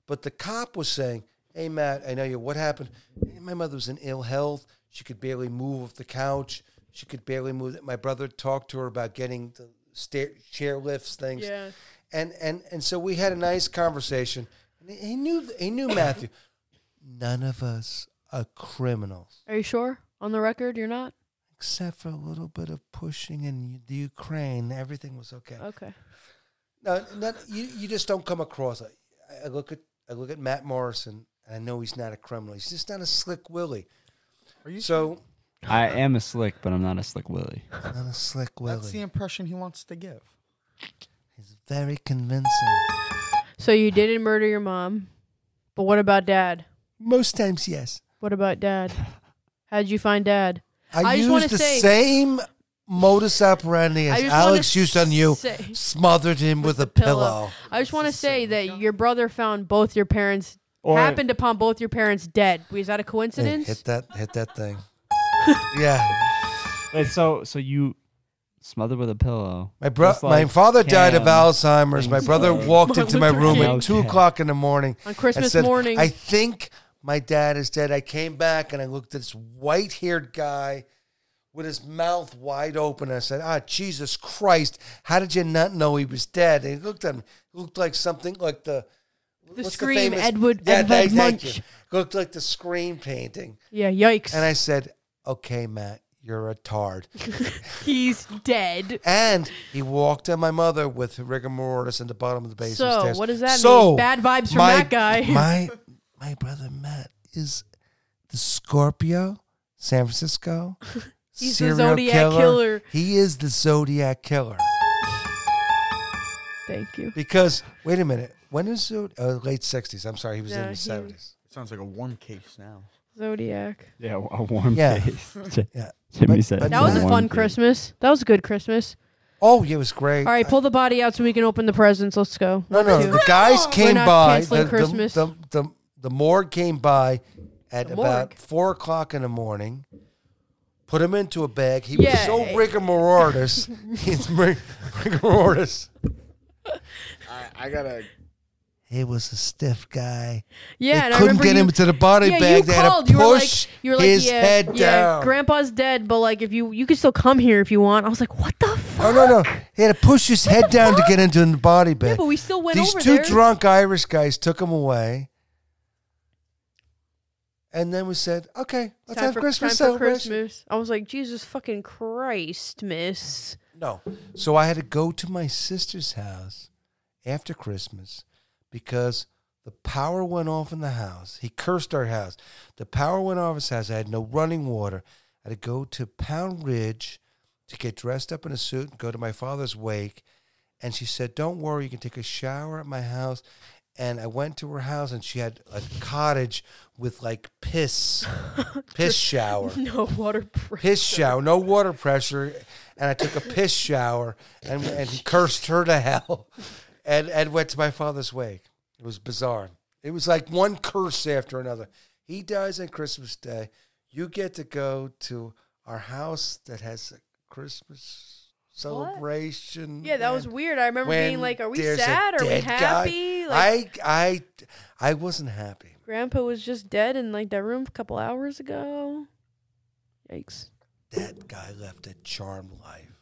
[SPEAKER 3] But the cop was saying, hey, Matt, I know you. What happened? "Hey, My mother was in ill health. She could barely move off the couch. She could barely move. My brother talked to her about getting the stair, chair lifts, things
[SPEAKER 1] Yeah.
[SPEAKER 3] and and and so we had a nice conversation. And he- he knew he knew Matthew. None of us are criminals,
[SPEAKER 1] Are you sure? On the record, you're not?
[SPEAKER 3] except for a little bit of pushing in the Ukraine. Everything was okay.
[SPEAKER 1] Okay.
[SPEAKER 3] No, not, you you just don't come across. it. I, I look at I look at Matt Morrison, and I know he's not a criminal. He's just not a slick Willie.
[SPEAKER 4] Are you
[SPEAKER 3] So
[SPEAKER 2] I am a slick, but I'm not a slick Willie.
[SPEAKER 3] not a slick
[SPEAKER 4] That's the
[SPEAKER 3] Willie.
[SPEAKER 4] impression he wants to give.
[SPEAKER 3] He's very convincing.
[SPEAKER 1] So you didn't murder your mom, but what about dad?
[SPEAKER 3] Most times, yes.
[SPEAKER 1] What about dad? How'd you find dad?
[SPEAKER 3] I,
[SPEAKER 1] I just wanna
[SPEAKER 3] used the
[SPEAKER 1] say-
[SPEAKER 3] same modus operandi
[SPEAKER 1] I
[SPEAKER 3] as
[SPEAKER 1] just wanna
[SPEAKER 3] Alex used on you.
[SPEAKER 1] say-
[SPEAKER 3] Smothered him with, a pillow.
[SPEAKER 1] I just want to say that your brother found both your parents, happened upon both your parents dead. Was that a
[SPEAKER 3] Hey,
[SPEAKER 1] coincidence?
[SPEAKER 3] hit that! Hit that thing. yeah,
[SPEAKER 2] Wait, so so you smothered with a pillow.
[SPEAKER 3] my bro,
[SPEAKER 2] Just
[SPEAKER 3] my
[SPEAKER 2] like
[SPEAKER 3] father died of
[SPEAKER 2] Cam.
[SPEAKER 3] Alzheimer's. My
[SPEAKER 2] Thanks,
[SPEAKER 3] brother
[SPEAKER 2] Dad.
[SPEAKER 3] walked into my
[SPEAKER 1] Luther
[SPEAKER 3] room
[SPEAKER 1] King.
[SPEAKER 3] at two o'clock in the morning
[SPEAKER 1] On
[SPEAKER 3] and
[SPEAKER 1] Christmas
[SPEAKER 3] said,
[SPEAKER 1] morning.
[SPEAKER 3] I think my dad is dead. I came back and I looked at this white-haired guy with his mouth wide open. I said, Ah, Jesus Christ! How did you not know he was dead? And he looked at him. It looked like something like the
[SPEAKER 1] the
[SPEAKER 3] what's
[SPEAKER 1] scream,
[SPEAKER 3] famous-
[SPEAKER 1] Edward,
[SPEAKER 3] Yeah,
[SPEAKER 1] Edward
[SPEAKER 3] thank- thank
[SPEAKER 1] Munch.
[SPEAKER 3] you. Looked like the scream painting.
[SPEAKER 1] Yeah, yikes.
[SPEAKER 3] And I said, Okay, Matt, you're a tard.
[SPEAKER 1] He's dead.
[SPEAKER 3] And he walked at my mother with rigor mortis in the bottom of the basement
[SPEAKER 1] So,
[SPEAKER 3] stairs.
[SPEAKER 1] what does that
[SPEAKER 3] So,
[SPEAKER 1] mean? Bad vibes from
[SPEAKER 3] my-
[SPEAKER 1] that guy.
[SPEAKER 3] my my brother Matt is the Scorpio, San Francisco,
[SPEAKER 1] He's the Zodiac killer.
[SPEAKER 3] He is the Zodiac killer.
[SPEAKER 1] Thank you.
[SPEAKER 3] Because wait a minute, when is Zod- uh, late sixties? I'm sorry, he was
[SPEAKER 1] No,
[SPEAKER 3] in
[SPEAKER 1] he
[SPEAKER 3] the
[SPEAKER 1] was-
[SPEAKER 3] seventies.
[SPEAKER 4] Sounds like a warm case now.
[SPEAKER 1] Zodiac.
[SPEAKER 2] Yeah, a warm
[SPEAKER 3] Yeah.
[SPEAKER 2] face.
[SPEAKER 3] Yeah.
[SPEAKER 2] Jimmy
[SPEAKER 3] But-
[SPEAKER 2] said
[SPEAKER 3] but
[SPEAKER 1] That was a
[SPEAKER 2] warm
[SPEAKER 1] fun
[SPEAKER 2] face.
[SPEAKER 1] Christmas. That was a good Christmas.
[SPEAKER 3] Oh, yeah, it was great.
[SPEAKER 1] All right, pull the body out so we can open the presents. Let's go.
[SPEAKER 3] No, no,
[SPEAKER 1] Two.
[SPEAKER 3] the guys came
[SPEAKER 1] not
[SPEAKER 3] by.
[SPEAKER 1] canceling
[SPEAKER 3] the,
[SPEAKER 1] Christmas.
[SPEAKER 3] The, the, the, the morgue came by at
[SPEAKER 1] The
[SPEAKER 3] about
[SPEAKER 1] morgue.
[SPEAKER 3] four o'clock in the morning. Put him into a bag. He was
[SPEAKER 1] Yay.
[SPEAKER 3] so rigor mortis. He's ri- rigor mortis.
[SPEAKER 4] I, I gotta.
[SPEAKER 3] He was a stiff guy.
[SPEAKER 1] Yeah,
[SPEAKER 3] they
[SPEAKER 1] and I
[SPEAKER 3] couldn't
[SPEAKER 1] remember
[SPEAKER 3] get
[SPEAKER 1] you,
[SPEAKER 3] him to the body
[SPEAKER 1] yeah,
[SPEAKER 3] bag.
[SPEAKER 1] you
[SPEAKER 3] they
[SPEAKER 1] called.
[SPEAKER 3] had
[SPEAKER 1] You
[SPEAKER 3] to
[SPEAKER 1] were like,
[SPEAKER 3] push
[SPEAKER 1] you were like,
[SPEAKER 3] his
[SPEAKER 1] yeah,
[SPEAKER 3] head
[SPEAKER 1] yeah,
[SPEAKER 3] down.
[SPEAKER 1] Grandpa's dead, but like, if you you can still come here if you want. I was like, what the fuck?
[SPEAKER 3] oh no, no, he had to push his head down to
[SPEAKER 1] fuck?
[SPEAKER 3] get into the body bag.
[SPEAKER 1] Yeah, but we still went
[SPEAKER 3] These
[SPEAKER 1] over
[SPEAKER 3] two
[SPEAKER 1] there.
[SPEAKER 3] drunk Irish guys took him away. And then we said, okay, let's
[SPEAKER 1] Time
[SPEAKER 3] have
[SPEAKER 1] for-
[SPEAKER 3] Christmas
[SPEAKER 1] time for
[SPEAKER 3] celebration.
[SPEAKER 1] Christmas. I was like, Jesus fucking Christ, miss.
[SPEAKER 3] No. So I had to go to my sister's house after Christmas because the power went off in the house. He cursed our house. The power went off his house. I had no running water. I had to go to Pound Ridge to get dressed up in a suit and go to my father's wake. And she said, Don't worry, you can take a shower at my house. And I went to her house and she had a cottage with like piss, piss shower
[SPEAKER 1] No water. break.
[SPEAKER 3] piss shower, no water pressure, and I took a piss shower and, and cursed her to hell, and and went to my father's wake. It was bizarre. It was like one curse after another. He dies on Christmas Day. You get to go to our house that has a Christmas celebration.
[SPEAKER 1] Yeah, that was
[SPEAKER 3] and
[SPEAKER 1] weird. I remember
[SPEAKER 3] when
[SPEAKER 1] being like, are we
[SPEAKER 3] there's a
[SPEAKER 1] sad? Are we
[SPEAKER 3] dead guy-
[SPEAKER 1] happy? Like,
[SPEAKER 3] I I I wasn't happy.
[SPEAKER 1] Grandpa was just dead in like that room a couple hours ago. Yikes.
[SPEAKER 3] That guy left a charmed life.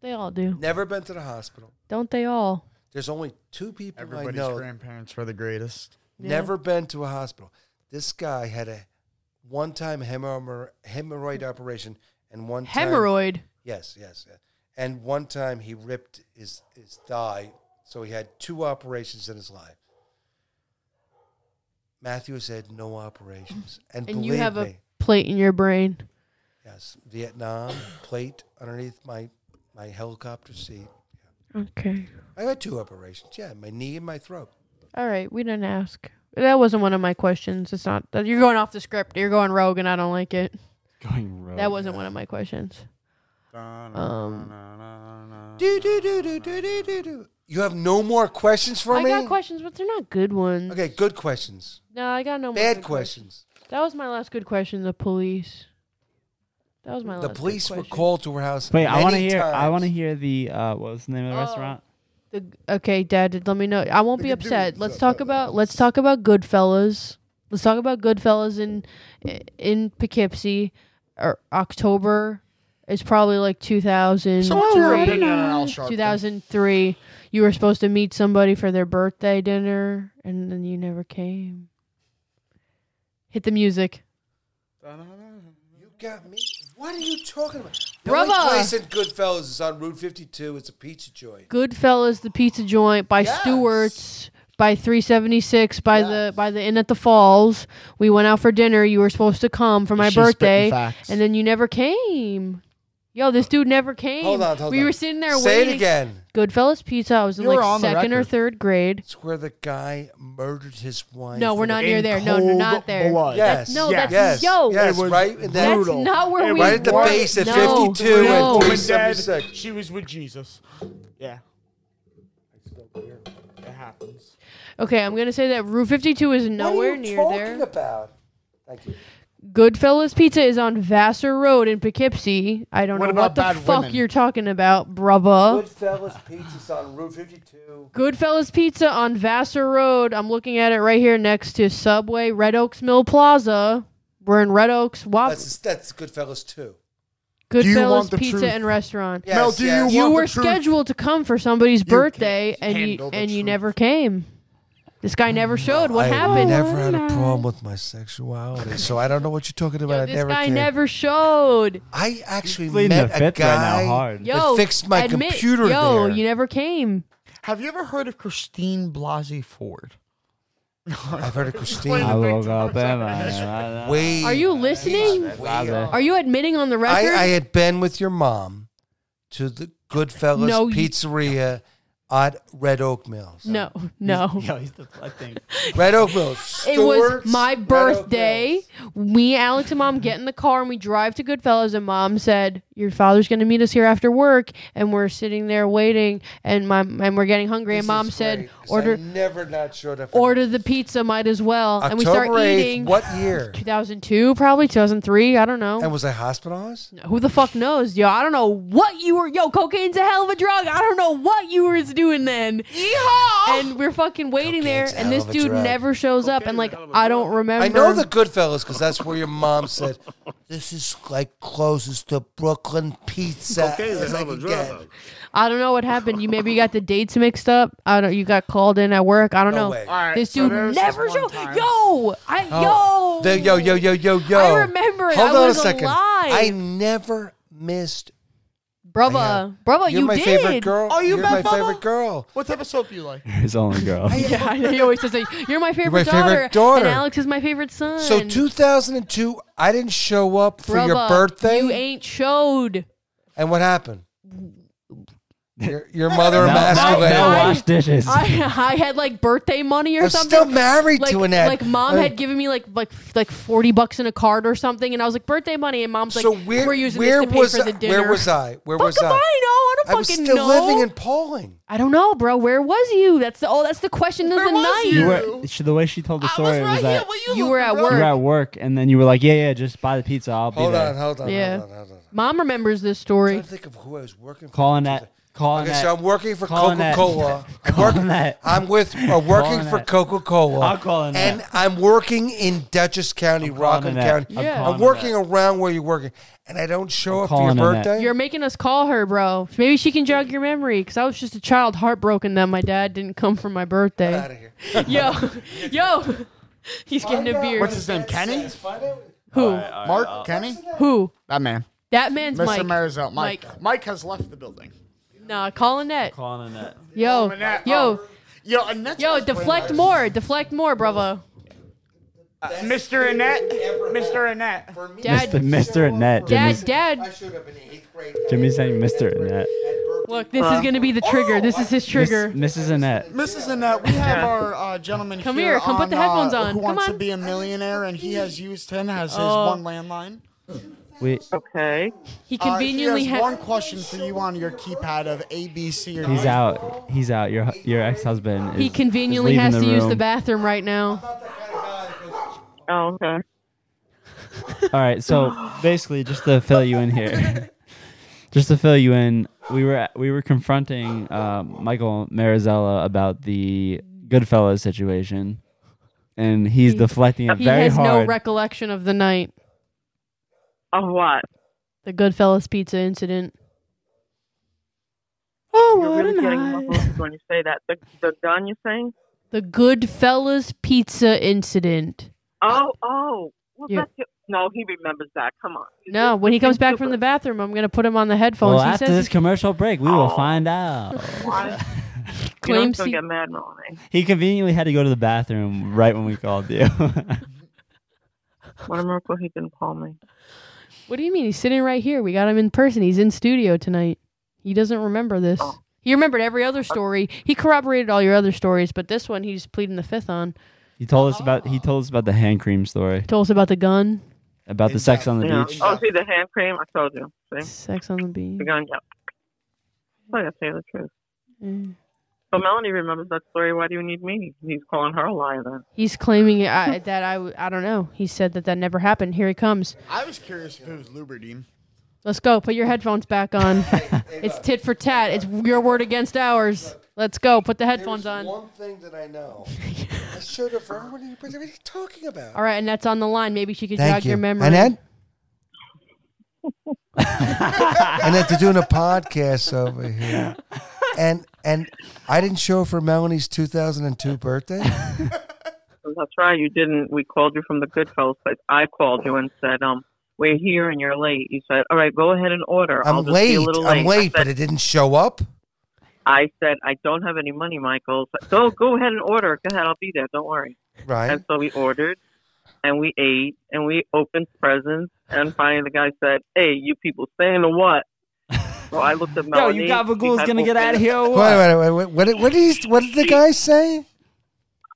[SPEAKER 1] They all do.
[SPEAKER 3] Never been to the hospital.
[SPEAKER 1] Don't they all?
[SPEAKER 3] There's only two people
[SPEAKER 4] Everybody's
[SPEAKER 3] I know
[SPEAKER 4] grandparents were the greatest.
[SPEAKER 1] Yeah.
[SPEAKER 3] Never been to a hospital. This guy had a one time hemorrhoid, hemorrhoid operation and one time-
[SPEAKER 1] Hemorrhoid.
[SPEAKER 3] Yes, yes, yes. And one time he ripped his, his thigh. So he had two operations in his life. Matthew has had no operations. And,
[SPEAKER 1] And
[SPEAKER 3] believe
[SPEAKER 1] you have
[SPEAKER 3] me,
[SPEAKER 1] a plate in your brain.
[SPEAKER 3] yes, Vietnam plate underneath my, my helicopter seat.
[SPEAKER 1] Okay.
[SPEAKER 3] I had two operations. Yeah, my knee and my throat.
[SPEAKER 1] All right. We didn't ask. That wasn't one of my questions. It's not. that- You're going off the script. You're going rogue, and I don't like it.
[SPEAKER 2] Going rogue.
[SPEAKER 1] That wasn't one of my questions.
[SPEAKER 4] Um,
[SPEAKER 3] Do, do, do, do, do, do, do, do. You have no more questions for
[SPEAKER 1] I
[SPEAKER 3] me?
[SPEAKER 1] got questions, but they're not good ones.
[SPEAKER 3] Okay, good questions.
[SPEAKER 1] No, I got no more
[SPEAKER 3] Bad
[SPEAKER 1] good
[SPEAKER 3] questions.
[SPEAKER 1] That was my last good question. The police. That was my last.
[SPEAKER 3] The
[SPEAKER 1] Oh, good
[SPEAKER 3] police were
[SPEAKER 1] question.
[SPEAKER 3] called to her house.
[SPEAKER 2] Wait, I want to
[SPEAKER 3] many
[SPEAKER 2] hear. I
[SPEAKER 3] times.
[SPEAKER 2] want to hear the. Uh, what was the name of the
[SPEAKER 1] Oh.
[SPEAKER 2] restaurant?
[SPEAKER 1] The, okay, Dad, did- let me know. I won't
[SPEAKER 3] We
[SPEAKER 1] be
[SPEAKER 3] could do
[SPEAKER 1] upset. Let's
[SPEAKER 3] that,
[SPEAKER 1] talk
[SPEAKER 3] that-
[SPEAKER 1] about let's talk about Goodfellas. Let's talk about Goodfellas in in Poughkeepsie, or October. It's probably like two thousand. Two thousand three. You were supposed to meet somebody for their birthday dinner, and then you never came. Hit the music.
[SPEAKER 3] You got me. What are you talking about? The
[SPEAKER 1] Brother.
[SPEAKER 3] only place in Goodfellas is on Route 52. It's a pizza joint.
[SPEAKER 1] Goodfellas, the pizza joint by
[SPEAKER 3] Yes.
[SPEAKER 1] Stewart's, by 376, by the
[SPEAKER 3] Yes.
[SPEAKER 1] by the Inn at the Falls. We went out for dinner. You were supposed to come for my birthday, and then you never came. Yo, this dude never came.
[SPEAKER 3] Hold on, hold
[SPEAKER 1] we
[SPEAKER 3] on.
[SPEAKER 1] were sitting there
[SPEAKER 3] Say
[SPEAKER 1] waiting.
[SPEAKER 3] it again.
[SPEAKER 1] Goodfellas Pizza. I was in
[SPEAKER 4] You were
[SPEAKER 1] like
[SPEAKER 4] on the
[SPEAKER 1] second or
[SPEAKER 4] record.
[SPEAKER 1] third grade.
[SPEAKER 3] It's where the guy murdered his wife.
[SPEAKER 1] No, we're
[SPEAKER 3] with a-
[SPEAKER 1] not near there. No, no, not there.
[SPEAKER 4] Blood.
[SPEAKER 3] Yes.
[SPEAKER 1] no,
[SPEAKER 4] Yes.
[SPEAKER 1] that's
[SPEAKER 3] Yes.
[SPEAKER 1] yo.
[SPEAKER 3] Yes,
[SPEAKER 4] It was
[SPEAKER 3] right in that.
[SPEAKER 1] That's
[SPEAKER 4] brutal.
[SPEAKER 1] not where
[SPEAKER 4] It
[SPEAKER 1] we
[SPEAKER 4] was
[SPEAKER 3] Right at the
[SPEAKER 1] were.
[SPEAKER 3] base at
[SPEAKER 1] No,
[SPEAKER 3] 52 and
[SPEAKER 1] no.
[SPEAKER 3] three-
[SPEAKER 1] It
[SPEAKER 7] Woman dead.
[SPEAKER 3] 76.
[SPEAKER 7] She was with Jesus. Yeah. It happens.
[SPEAKER 1] Okay, I'm gonna say that Rue 52 is
[SPEAKER 3] what
[SPEAKER 1] nowhere
[SPEAKER 3] are you
[SPEAKER 1] near
[SPEAKER 3] talking
[SPEAKER 1] there.
[SPEAKER 3] about? Thank you.
[SPEAKER 1] Goodfellas Pizza is on Vassar Road in Poughkeepsie. I don't
[SPEAKER 4] What
[SPEAKER 1] know what
[SPEAKER 4] about
[SPEAKER 1] the
[SPEAKER 4] bad
[SPEAKER 1] fuck
[SPEAKER 4] women?
[SPEAKER 1] you're talking about, brava.
[SPEAKER 3] Goodfellas Pizza's on Route 52.
[SPEAKER 1] Goodfellas Pizza on Vassar Road. I'm looking at it right here next to Subway, Red Oaks Mill Plaza. We're in Red Oaks. Wop,
[SPEAKER 3] That's, that's Goodfellas 2.
[SPEAKER 4] you want
[SPEAKER 1] Goodfellas
[SPEAKER 4] the
[SPEAKER 1] Pizza
[SPEAKER 4] truth?
[SPEAKER 1] and Restaurant.
[SPEAKER 3] Yes,
[SPEAKER 4] Mel, do you
[SPEAKER 3] yes.
[SPEAKER 1] You
[SPEAKER 4] want the
[SPEAKER 1] were
[SPEAKER 4] truth?
[SPEAKER 1] scheduled to come for somebody's birthday
[SPEAKER 4] can't
[SPEAKER 1] and you
[SPEAKER 4] handle the
[SPEAKER 1] and you
[SPEAKER 4] truth.
[SPEAKER 1] never came. This guy never showed. What
[SPEAKER 3] I
[SPEAKER 1] happened?
[SPEAKER 3] never had a problem with my sexuality, so I don't know what you're talking about. I
[SPEAKER 1] this
[SPEAKER 3] never
[SPEAKER 1] guy
[SPEAKER 3] cared.
[SPEAKER 1] never showed.
[SPEAKER 3] I actually
[SPEAKER 2] Pleading
[SPEAKER 3] met
[SPEAKER 2] the
[SPEAKER 3] a
[SPEAKER 2] fifth right
[SPEAKER 3] guy.
[SPEAKER 2] now, hard.
[SPEAKER 1] Yo,
[SPEAKER 3] fixed my
[SPEAKER 1] admit-
[SPEAKER 3] computer
[SPEAKER 1] Yo,
[SPEAKER 3] there.
[SPEAKER 1] you never came.
[SPEAKER 4] Have you ever heard of Christine Blasey Ford?
[SPEAKER 3] I've heard of Christine.
[SPEAKER 2] I woke up and I-
[SPEAKER 3] Way
[SPEAKER 1] Are you listening?
[SPEAKER 3] way up.
[SPEAKER 1] Are you admitting on the
[SPEAKER 3] I,
[SPEAKER 1] record?
[SPEAKER 3] I had been with your mom to the Goodfellas
[SPEAKER 1] No, you-
[SPEAKER 3] Pizzeria at Red Oak Mills.
[SPEAKER 1] no, no.
[SPEAKER 2] Yo, he's deflecting.
[SPEAKER 3] Red Oak Mills.
[SPEAKER 1] It was
[SPEAKER 3] Stewart's
[SPEAKER 1] my
[SPEAKER 3] Red Oak
[SPEAKER 1] birthday.
[SPEAKER 3] Mills.
[SPEAKER 1] Me, Alex, and mom get in the car and we drive to Goodfellas. And mom said, "Your father's going to meet us here after work." And we're sitting there waiting, and mom and we're getting hungry.
[SPEAKER 3] This
[SPEAKER 1] and mom
[SPEAKER 3] is
[SPEAKER 1] said,
[SPEAKER 3] great, 'cause I
[SPEAKER 1] "Order,
[SPEAKER 3] never not showed up. for
[SPEAKER 1] order the pizza. Might as well."
[SPEAKER 3] October
[SPEAKER 1] and we start
[SPEAKER 3] 8th,
[SPEAKER 1] eating.
[SPEAKER 3] What year?
[SPEAKER 1] 2002, probably 2003. I don't know.
[SPEAKER 3] And was I hospitalized?
[SPEAKER 1] Who the fuck knows, yo? I don't know what you were. Yo, cocaine's a hell of a drug. I don't know what you were doing then. And we're fucking waiting
[SPEAKER 3] Cocaine's a
[SPEAKER 1] there, and
[SPEAKER 3] hell
[SPEAKER 1] this
[SPEAKER 3] of a
[SPEAKER 1] dude
[SPEAKER 3] drug.
[SPEAKER 1] never shows up. And
[SPEAKER 5] Cocaine's
[SPEAKER 1] like,
[SPEAKER 5] a hell of a
[SPEAKER 1] I don't
[SPEAKER 5] drug.
[SPEAKER 1] remember.
[SPEAKER 3] I know the Goodfellas because that's where your mom said, "This is like closest to Brooklyn pizza
[SPEAKER 5] Cocaine's a
[SPEAKER 3] as
[SPEAKER 5] hell
[SPEAKER 3] I
[SPEAKER 5] of a
[SPEAKER 3] could
[SPEAKER 5] drug.
[SPEAKER 3] get."
[SPEAKER 1] I don't know what happened. You maybe you got the dates mixed up. I don't. You got called in at work. I don't
[SPEAKER 3] No
[SPEAKER 1] know.
[SPEAKER 3] way.
[SPEAKER 7] All right,
[SPEAKER 1] This
[SPEAKER 7] so
[SPEAKER 1] dude
[SPEAKER 7] there's this
[SPEAKER 1] never
[SPEAKER 7] one
[SPEAKER 1] showed.
[SPEAKER 7] time.
[SPEAKER 1] Yo, I
[SPEAKER 3] Oh,
[SPEAKER 1] yo.
[SPEAKER 3] the- yo, yo, yo, yo, yo.
[SPEAKER 1] I remember it.
[SPEAKER 3] Hold
[SPEAKER 1] I
[SPEAKER 3] on
[SPEAKER 1] was
[SPEAKER 3] a second.
[SPEAKER 1] alive.
[SPEAKER 3] I never missed. Yeah.
[SPEAKER 1] Brava, brava, Oh,
[SPEAKER 3] You're
[SPEAKER 1] you
[SPEAKER 3] my
[SPEAKER 1] did.
[SPEAKER 3] favorite girl.
[SPEAKER 4] Oh, you
[SPEAKER 3] are
[SPEAKER 4] met
[SPEAKER 3] my
[SPEAKER 4] Bubba?
[SPEAKER 3] favorite girl.
[SPEAKER 4] What type of soap do you like?
[SPEAKER 2] His only girl.
[SPEAKER 1] Yeah, I know. he always says like, "You're my favorite,
[SPEAKER 3] my
[SPEAKER 1] daughter,
[SPEAKER 3] favorite daughter.
[SPEAKER 1] and Alex is my favorite son."
[SPEAKER 3] So 2002, I didn't show up for your
[SPEAKER 1] Brubba,
[SPEAKER 3] birthday,
[SPEAKER 1] You ain't showed.
[SPEAKER 3] and what happened? Your, your mother emasculated.
[SPEAKER 2] Now
[SPEAKER 1] I-
[SPEAKER 2] wash dishes.
[SPEAKER 1] I, I had like birthday money or
[SPEAKER 3] I'm
[SPEAKER 1] something.
[SPEAKER 3] still married
[SPEAKER 1] like,
[SPEAKER 3] to Annette. Uh,
[SPEAKER 1] Like mom had given me like like like forty bucks in a card or something, and I was like birthday money, and mom's like,
[SPEAKER 3] so where,
[SPEAKER 1] we're using
[SPEAKER 3] where
[SPEAKER 1] this to pay
[SPEAKER 3] was
[SPEAKER 1] for
[SPEAKER 3] I,
[SPEAKER 1] the dinner.
[SPEAKER 3] Where was I? Where
[SPEAKER 1] Fuck
[SPEAKER 3] was
[SPEAKER 1] if I know.
[SPEAKER 3] I?
[SPEAKER 1] I don't
[SPEAKER 3] I was
[SPEAKER 1] fucking
[SPEAKER 3] still
[SPEAKER 1] know.
[SPEAKER 3] living in Poland.
[SPEAKER 1] I don't know, bro. Where was you? That's the oh, that's the question of the night.
[SPEAKER 2] you were, she, the way she told the story was that
[SPEAKER 1] You were at
[SPEAKER 2] you were
[SPEAKER 1] work.
[SPEAKER 2] at work and then you were like, yeah, yeah, just buy the pizza. I'll be
[SPEAKER 3] Hold
[SPEAKER 2] there.
[SPEAKER 3] on, hold on,
[SPEAKER 1] Yeah.
[SPEAKER 3] hold on, hold on.
[SPEAKER 1] Mom remembers this
[SPEAKER 3] I'm trying
[SPEAKER 1] story.
[SPEAKER 3] to think of who I was working for.
[SPEAKER 2] Calling that. Calling
[SPEAKER 3] Okay,
[SPEAKER 2] that.
[SPEAKER 3] so I'm working for
[SPEAKER 2] calling
[SPEAKER 3] Coca
[SPEAKER 2] that-
[SPEAKER 3] Cola. I'm,
[SPEAKER 2] calling
[SPEAKER 3] working-
[SPEAKER 2] that.
[SPEAKER 3] I'm with or
[SPEAKER 2] Calling
[SPEAKER 3] working for
[SPEAKER 2] that.
[SPEAKER 3] Coca Cola.
[SPEAKER 2] I'm calling
[SPEAKER 3] And
[SPEAKER 2] that.
[SPEAKER 3] I'm working in Dutchess County, Rockland County.
[SPEAKER 1] I'm Yeah.
[SPEAKER 3] I'm working around where you're working, and I don't show up for your
[SPEAKER 2] calling on that.
[SPEAKER 3] birthday.
[SPEAKER 1] You're making us call her, bro. Maybe she can jog your memory because I was just a child heartbroken that my dad didn't come for my
[SPEAKER 3] out
[SPEAKER 1] birthday.
[SPEAKER 3] of here.
[SPEAKER 1] Yo, yo, he's getting a beer.
[SPEAKER 4] What's his name? Kenny?
[SPEAKER 1] Who?
[SPEAKER 4] Mark
[SPEAKER 7] uh,
[SPEAKER 4] Kenny?
[SPEAKER 2] uh,
[SPEAKER 1] Who?
[SPEAKER 4] That man.
[SPEAKER 1] That man's
[SPEAKER 4] Mr.
[SPEAKER 1] Mike.
[SPEAKER 4] Marizell. Mike.
[SPEAKER 1] Mike.
[SPEAKER 4] Mike. has left the building.
[SPEAKER 1] Nah, call Annette.
[SPEAKER 2] Calling that.
[SPEAKER 1] Yo,
[SPEAKER 7] Annette.
[SPEAKER 1] yo,
[SPEAKER 4] Yo, and that's
[SPEAKER 1] yo, deflect more, deflect more, brother.
[SPEAKER 7] Mr. Uh, Annette. Mr. Annette.
[SPEAKER 1] Dad,
[SPEAKER 2] Mr. Mr. Annette. Jimmy's,
[SPEAKER 1] dad, dad.
[SPEAKER 3] showed up in eighth grade.
[SPEAKER 2] Jimmy's saying Mr. Annette.
[SPEAKER 1] Look, this is gonna be the trigger. This is his
[SPEAKER 2] Miss-
[SPEAKER 1] trigger.
[SPEAKER 2] Mrs. Annette.
[SPEAKER 4] Mrs. Annette, we have our uh, gentleman
[SPEAKER 1] Come
[SPEAKER 4] here.
[SPEAKER 1] here, come
[SPEAKER 4] on,
[SPEAKER 1] put the headphones
[SPEAKER 4] uh,
[SPEAKER 1] on.
[SPEAKER 4] Who
[SPEAKER 1] Come
[SPEAKER 4] wants
[SPEAKER 1] on.
[SPEAKER 4] to be a millionaire, and he has used him as his
[SPEAKER 1] Oh.
[SPEAKER 4] one landline.
[SPEAKER 2] We,
[SPEAKER 9] Okay.
[SPEAKER 1] He
[SPEAKER 4] Uh,
[SPEAKER 1] conveniently
[SPEAKER 4] he has one
[SPEAKER 1] had.
[SPEAKER 4] question for you on your keypad of A, B, C, or
[SPEAKER 2] he's
[SPEAKER 4] D.
[SPEAKER 2] out. He's out. Your your ex husband.
[SPEAKER 1] He conveniently has to use the bathroom right now.
[SPEAKER 9] Oh, okay.
[SPEAKER 2] All right, so basically, just to fill you in here, just to fill you in, we were we were confronting um, Michael Marizella about the Goodfellas situation, and he's deflecting it
[SPEAKER 1] He
[SPEAKER 2] very
[SPEAKER 1] has no
[SPEAKER 2] hard.
[SPEAKER 1] recollection of the night,
[SPEAKER 9] Of what?
[SPEAKER 1] the Goodfellas pizza incident.
[SPEAKER 9] You're Oh, really getting muffled when you say that. The, the gun you're saying?
[SPEAKER 1] The Goodfellas pizza incident.
[SPEAKER 9] Oh, oh. Well,
[SPEAKER 1] Yeah.
[SPEAKER 9] that's your- no, he remembers that. Come on.
[SPEAKER 1] No, when he comes back from the bathroom, I'm gonna put him on the headphones.
[SPEAKER 2] well,
[SPEAKER 1] he
[SPEAKER 2] after
[SPEAKER 1] says Oh.
[SPEAKER 2] this
[SPEAKER 1] he
[SPEAKER 2] commercial break, we will find out.
[SPEAKER 9] You know he's
[SPEAKER 1] claims
[SPEAKER 9] gonna
[SPEAKER 1] he.
[SPEAKER 9] get mad, Melanie.
[SPEAKER 2] He conveniently had to go to the bathroom right when we called you.
[SPEAKER 9] What a miracle he didn't call me.
[SPEAKER 1] What do you mean? He's sitting right here. We got him in person. He's in studio tonight. He doesn't remember this.
[SPEAKER 9] Oh.
[SPEAKER 1] He remembered every other story. He corroborated all your other stories, but this one he's pleading the fifth on.
[SPEAKER 2] he told us about he told us about the hand cream story,
[SPEAKER 1] Told us about the gun,
[SPEAKER 2] about the sex on the
[SPEAKER 9] Yeah.
[SPEAKER 2] beach.
[SPEAKER 9] Oh, see the hand cream? I told you. See?
[SPEAKER 1] sex on the beach.
[SPEAKER 9] The gun, yeah. I gotta say the truth.
[SPEAKER 1] Mm.
[SPEAKER 9] So Melanie remembers that story. Why do you need me? He's calling her a liar then.
[SPEAKER 1] He's claiming I, that I, w- I don't know. He said that that never happened. Here he comes.
[SPEAKER 4] I was curious if it was Luberdine.
[SPEAKER 1] Let's go. Put your headphones back on. it's tit for tat. It's your word against ours. Let's go. Put the headphones on.
[SPEAKER 3] One thing that I know. I showed up for. What are you, what are you talking about?
[SPEAKER 1] All right, Annette's on the line. Maybe she could jog
[SPEAKER 3] Thank you.
[SPEAKER 1] your memory.
[SPEAKER 3] Annette? Annette, they're doing a podcast over here. And and I didn't show up for Melanie's 2002 birthday.
[SPEAKER 9] That's right. You didn't. We called you from the Goodfellas place. I called you and said, um, we're here and you're late. You said, all right, go ahead and order. I'll
[SPEAKER 3] I'm
[SPEAKER 9] just be
[SPEAKER 3] late.
[SPEAKER 9] A little late.
[SPEAKER 3] I'm late, but it didn't show up.
[SPEAKER 9] I said, I don't have any money, Michael. So "Go- go ahead and order. Go ahead, I'll be there. Don't worry.
[SPEAKER 3] Right.
[SPEAKER 9] And so we ordered and we ate and we opened presents. And finally, the guy said, Hey, you people staying or what? So I looked at
[SPEAKER 2] Yo,
[SPEAKER 9] Melanie.
[SPEAKER 2] you
[SPEAKER 9] she
[SPEAKER 2] gabagool's
[SPEAKER 9] had
[SPEAKER 2] gonna get
[SPEAKER 9] opened-
[SPEAKER 2] out of here. or
[SPEAKER 3] Wait,
[SPEAKER 2] what?
[SPEAKER 3] wait, wait, wait. What, did- what, did he, what did the guy say?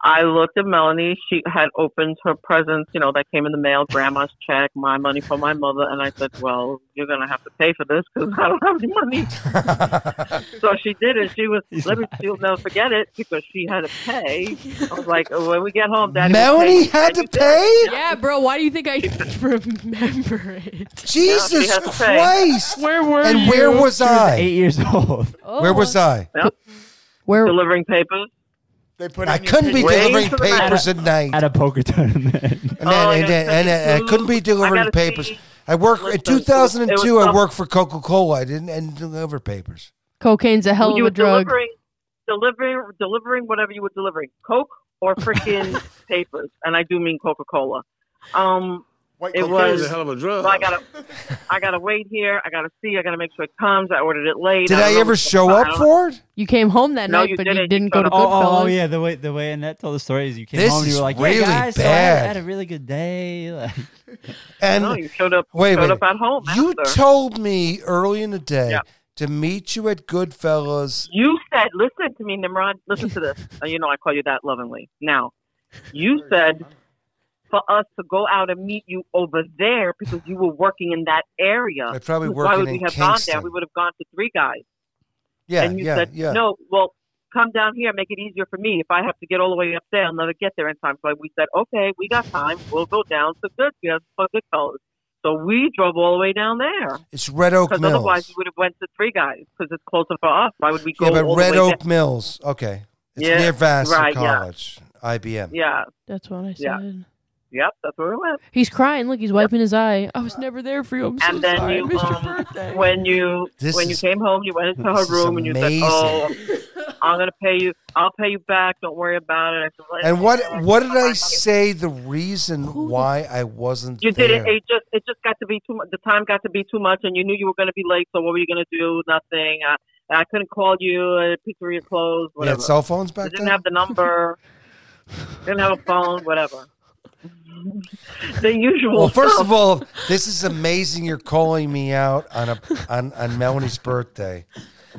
[SPEAKER 9] I looked at Melanie. She had opened her presents, you know, that came in the mail, grandma's check, my money for my mother. And I said, Well, you're going to have to pay for this because I don't have any money. so she did it. She was,
[SPEAKER 2] He's
[SPEAKER 9] let me, she'll never forget it because she had to pay. I was like, "Oh, When we get home, Daddy. will
[SPEAKER 3] Melanie
[SPEAKER 9] pay."
[SPEAKER 3] had
[SPEAKER 9] And you
[SPEAKER 3] to
[SPEAKER 9] did.
[SPEAKER 3] pay?
[SPEAKER 1] Yeah, bro. Why do you think I remember it?
[SPEAKER 3] Jesus
[SPEAKER 9] has to pay.
[SPEAKER 3] Christ.
[SPEAKER 1] Where were
[SPEAKER 3] and
[SPEAKER 1] you?
[SPEAKER 3] where was
[SPEAKER 2] She was
[SPEAKER 3] I?
[SPEAKER 2] eight years old.
[SPEAKER 1] Oh,
[SPEAKER 3] Where was I?
[SPEAKER 1] Where?
[SPEAKER 9] Delivering papers.
[SPEAKER 7] They put
[SPEAKER 3] I
[SPEAKER 7] in your
[SPEAKER 3] couldn't be
[SPEAKER 7] picture.
[SPEAKER 9] Way
[SPEAKER 3] delivering
[SPEAKER 9] to the left.
[SPEAKER 3] papers at night.
[SPEAKER 2] At a poker tournament.
[SPEAKER 3] And, then,
[SPEAKER 9] Oh, I
[SPEAKER 3] and,
[SPEAKER 9] gotta
[SPEAKER 3] then, and,
[SPEAKER 9] see
[SPEAKER 3] then I couldn't be
[SPEAKER 9] who- I
[SPEAKER 3] delivering
[SPEAKER 9] gotta
[SPEAKER 3] papers.
[SPEAKER 9] see.
[SPEAKER 3] I worked in
[SPEAKER 9] Listen, it was-
[SPEAKER 3] 2002.
[SPEAKER 9] it was
[SPEAKER 3] I worked for Coca Cola. I didn't and deliver papers.
[SPEAKER 1] Cocaine's a hell of
[SPEAKER 9] you were
[SPEAKER 1] a drug.
[SPEAKER 9] delivering, delivering, delivering whatever you were delivering, Coke or freaking papers, and I do mean Coca Cola. Um,
[SPEAKER 7] White
[SPEAKER 9] it
[SPEAKER 7] cocaine.
[SPEAKER 5] Cocaine is
[SPEAKER 9] was-
[SPEAKER 5] a hell of a drug.
[SPEAKER 9] so I gotta, I gotta wait here. I gotta see. I gotta make sure it comes. I ordered it late.
[SPEAKER 3] Did
[SPEAKER 9] don't
[SPEAKER 3] I
[SPEAKER 9] know
[SPEAKER 3] ever
[SPEAKER 9] what's
[SPEAKER 3] show
[SPEAKER 9] going on. I
[SPEAKER 3] up
[SPEAKER 9] don't-
[SPEAKER 3] for it?
[SPEAKER 1] You came home that
[SPEAKER 9] No,
[SPEAKER 1] night,
[SPEAKER 9] you
[SPEAKER 1] but
[SPEAKER 9] didn't.
[SPEAKER 1] you
[SPEAKER 9] You
[SPEAKER 1] didn't go
[SPEAKER 9] showed
[SPEAKER 1] to
[SPEAKER 9] up-
[SPEAKER 2] Oh,
[SPEAKER 1] Goodfellas.
[SPEAKER 2] oh, oh, yeah, the way the way Annette told the story is you came
[SPEAKER 3] This
[SPEAKER 2] home and you
[SPEAKER 3] is
[SPEAKER 2] were like,
[SPEAKER 3] really
[SPEAKER 2] yeah, guys, so I had, I had
[SPEAKER 3] bad.
[SPEAKER 2] a really good day. Like,
[SPEAKER 3] And
[SPEAKER 9] No, you showed up.
[SPEAKER 3] wait,
[SPEAKER 9] showed
[SPEAKER 3] wait.
[SPEAKER 9] up at home.
[SPEAKER 3] you
[SPEAKER 9] after.
[SPEAKER 3] told me early in the day
[SPEAKER 9] Yeah.
[SPEAKER 3] to meet you at Goodfellas.
[SPEAKER 9] You said, listen to me, Nimrod. Listen to this. Uh, you know, I call you that lovingly. Now, you said for us to go out and meet you over there because you were working in that area.
[SPEAKER 3] I probably
[SPEAKER 9] Why
[SPEAKER 3] working
[SPEAKER 9] would
[SPEAKER 3] in
[SPEAKER 9] we have gone
[SPEAKER 3] Kingston.
[SPEAKER 9] there? We would have gone to three guys.
[SPEAKER 3] Yeah,
[SPEAKER 9] and you
[SPEAKER 3] yeah,
[SPEAKER 9] said,
[SPEAKER 3] yeah.
[SPEAKER 9] no, well, come down here, make it easier for me. If I have to get all the way up there, I'll never get there in time. So we said, okay, we got time. We'll go down to Goodfellas for Goodfellas. So we drove all the way down there
[SPEAKER 3] It's Red Oak
[SPEAKER 9] because
[SPEAKER 3] Mills.
[SPEAKER 9] otherwise we would have went to three guys because it's closer for us. Why would we go
[SPEAKER 3] yeah, but
[SPEAKER 9] all
[SPEAKER 3] Red
[SPEAKER 9] the way
[SPEAKER 3] Oak Mills. Okay, it's
[SPEAKER 9] Yeah,
[SPEAKER 3] near Vassar
[SPEAKER 9] right, yeah.
[SPEAKER 3] College, IBM.
[SPEAKER 9] down? Yeah,
[SPEAKER 1] That's what I said.
[SPEAKER 9] Yeah. Yep, that's where we went.
[SPEAKER 1] He's crying. Look, he's wiping his eye. I was never there for you. I'm so
[SPEAKER 9] and then
[SPEAKER 1] sorry. I
[SPEAKER 9] you,
[SPEAKER 1] missed your
[SPEAKER 9] um,
[SPEAKER 1] birthday.
[SPEAKER 9] When you
[SPEAKER 3] This
[SPEAKER 9] when
[SPEAKER 3] is-
[SPEAKER 9] you came home, you went into her
[SPEAKER 3] this is
[SPEAKER 9] room and you said,
[SPEAKER 3] amazing.
[SPEAKER 9] "Oh, I'm gonna pay you. I'll pay you back. Don't worry about it." I said, "Well,
[SPEAKER 3] And
[SPEAKER 9] it's
[SPEAKER 3] what
[SPEAKER 9] okay.
[SPEAKER 3] what did I
[SPEAKER 9] I'll
[SPEAKER 3] say? The reason why I wasn't
[SPEAKER 9] You
[SPEAKER 3] there.
[SPEAKER 9] did it. It just it just got to be too much. The time got to be too much, and you knew you were gonna be late. So what were you gonna do? Nothing. I, I couldn't call you. I had a picture of your clothes.
[SPEAKER 3] We had
[SPEAKER 9] Whatever.
[SPEAKER 3] cell phones
[SPEAKER 9] I
[SPEAKER 3] back
[SPEAKER 9] didn't
[SPEAKER 3] then.
[SPEAKER 9] have the number. didn't have a phone. Whatever. the usual.
[SPEAKER 3] well, first
[SPEAKER 9] stuff.
[SPEAKER 3] of all, this is amazing. You're calling me out on a on, on Melanie's birthday.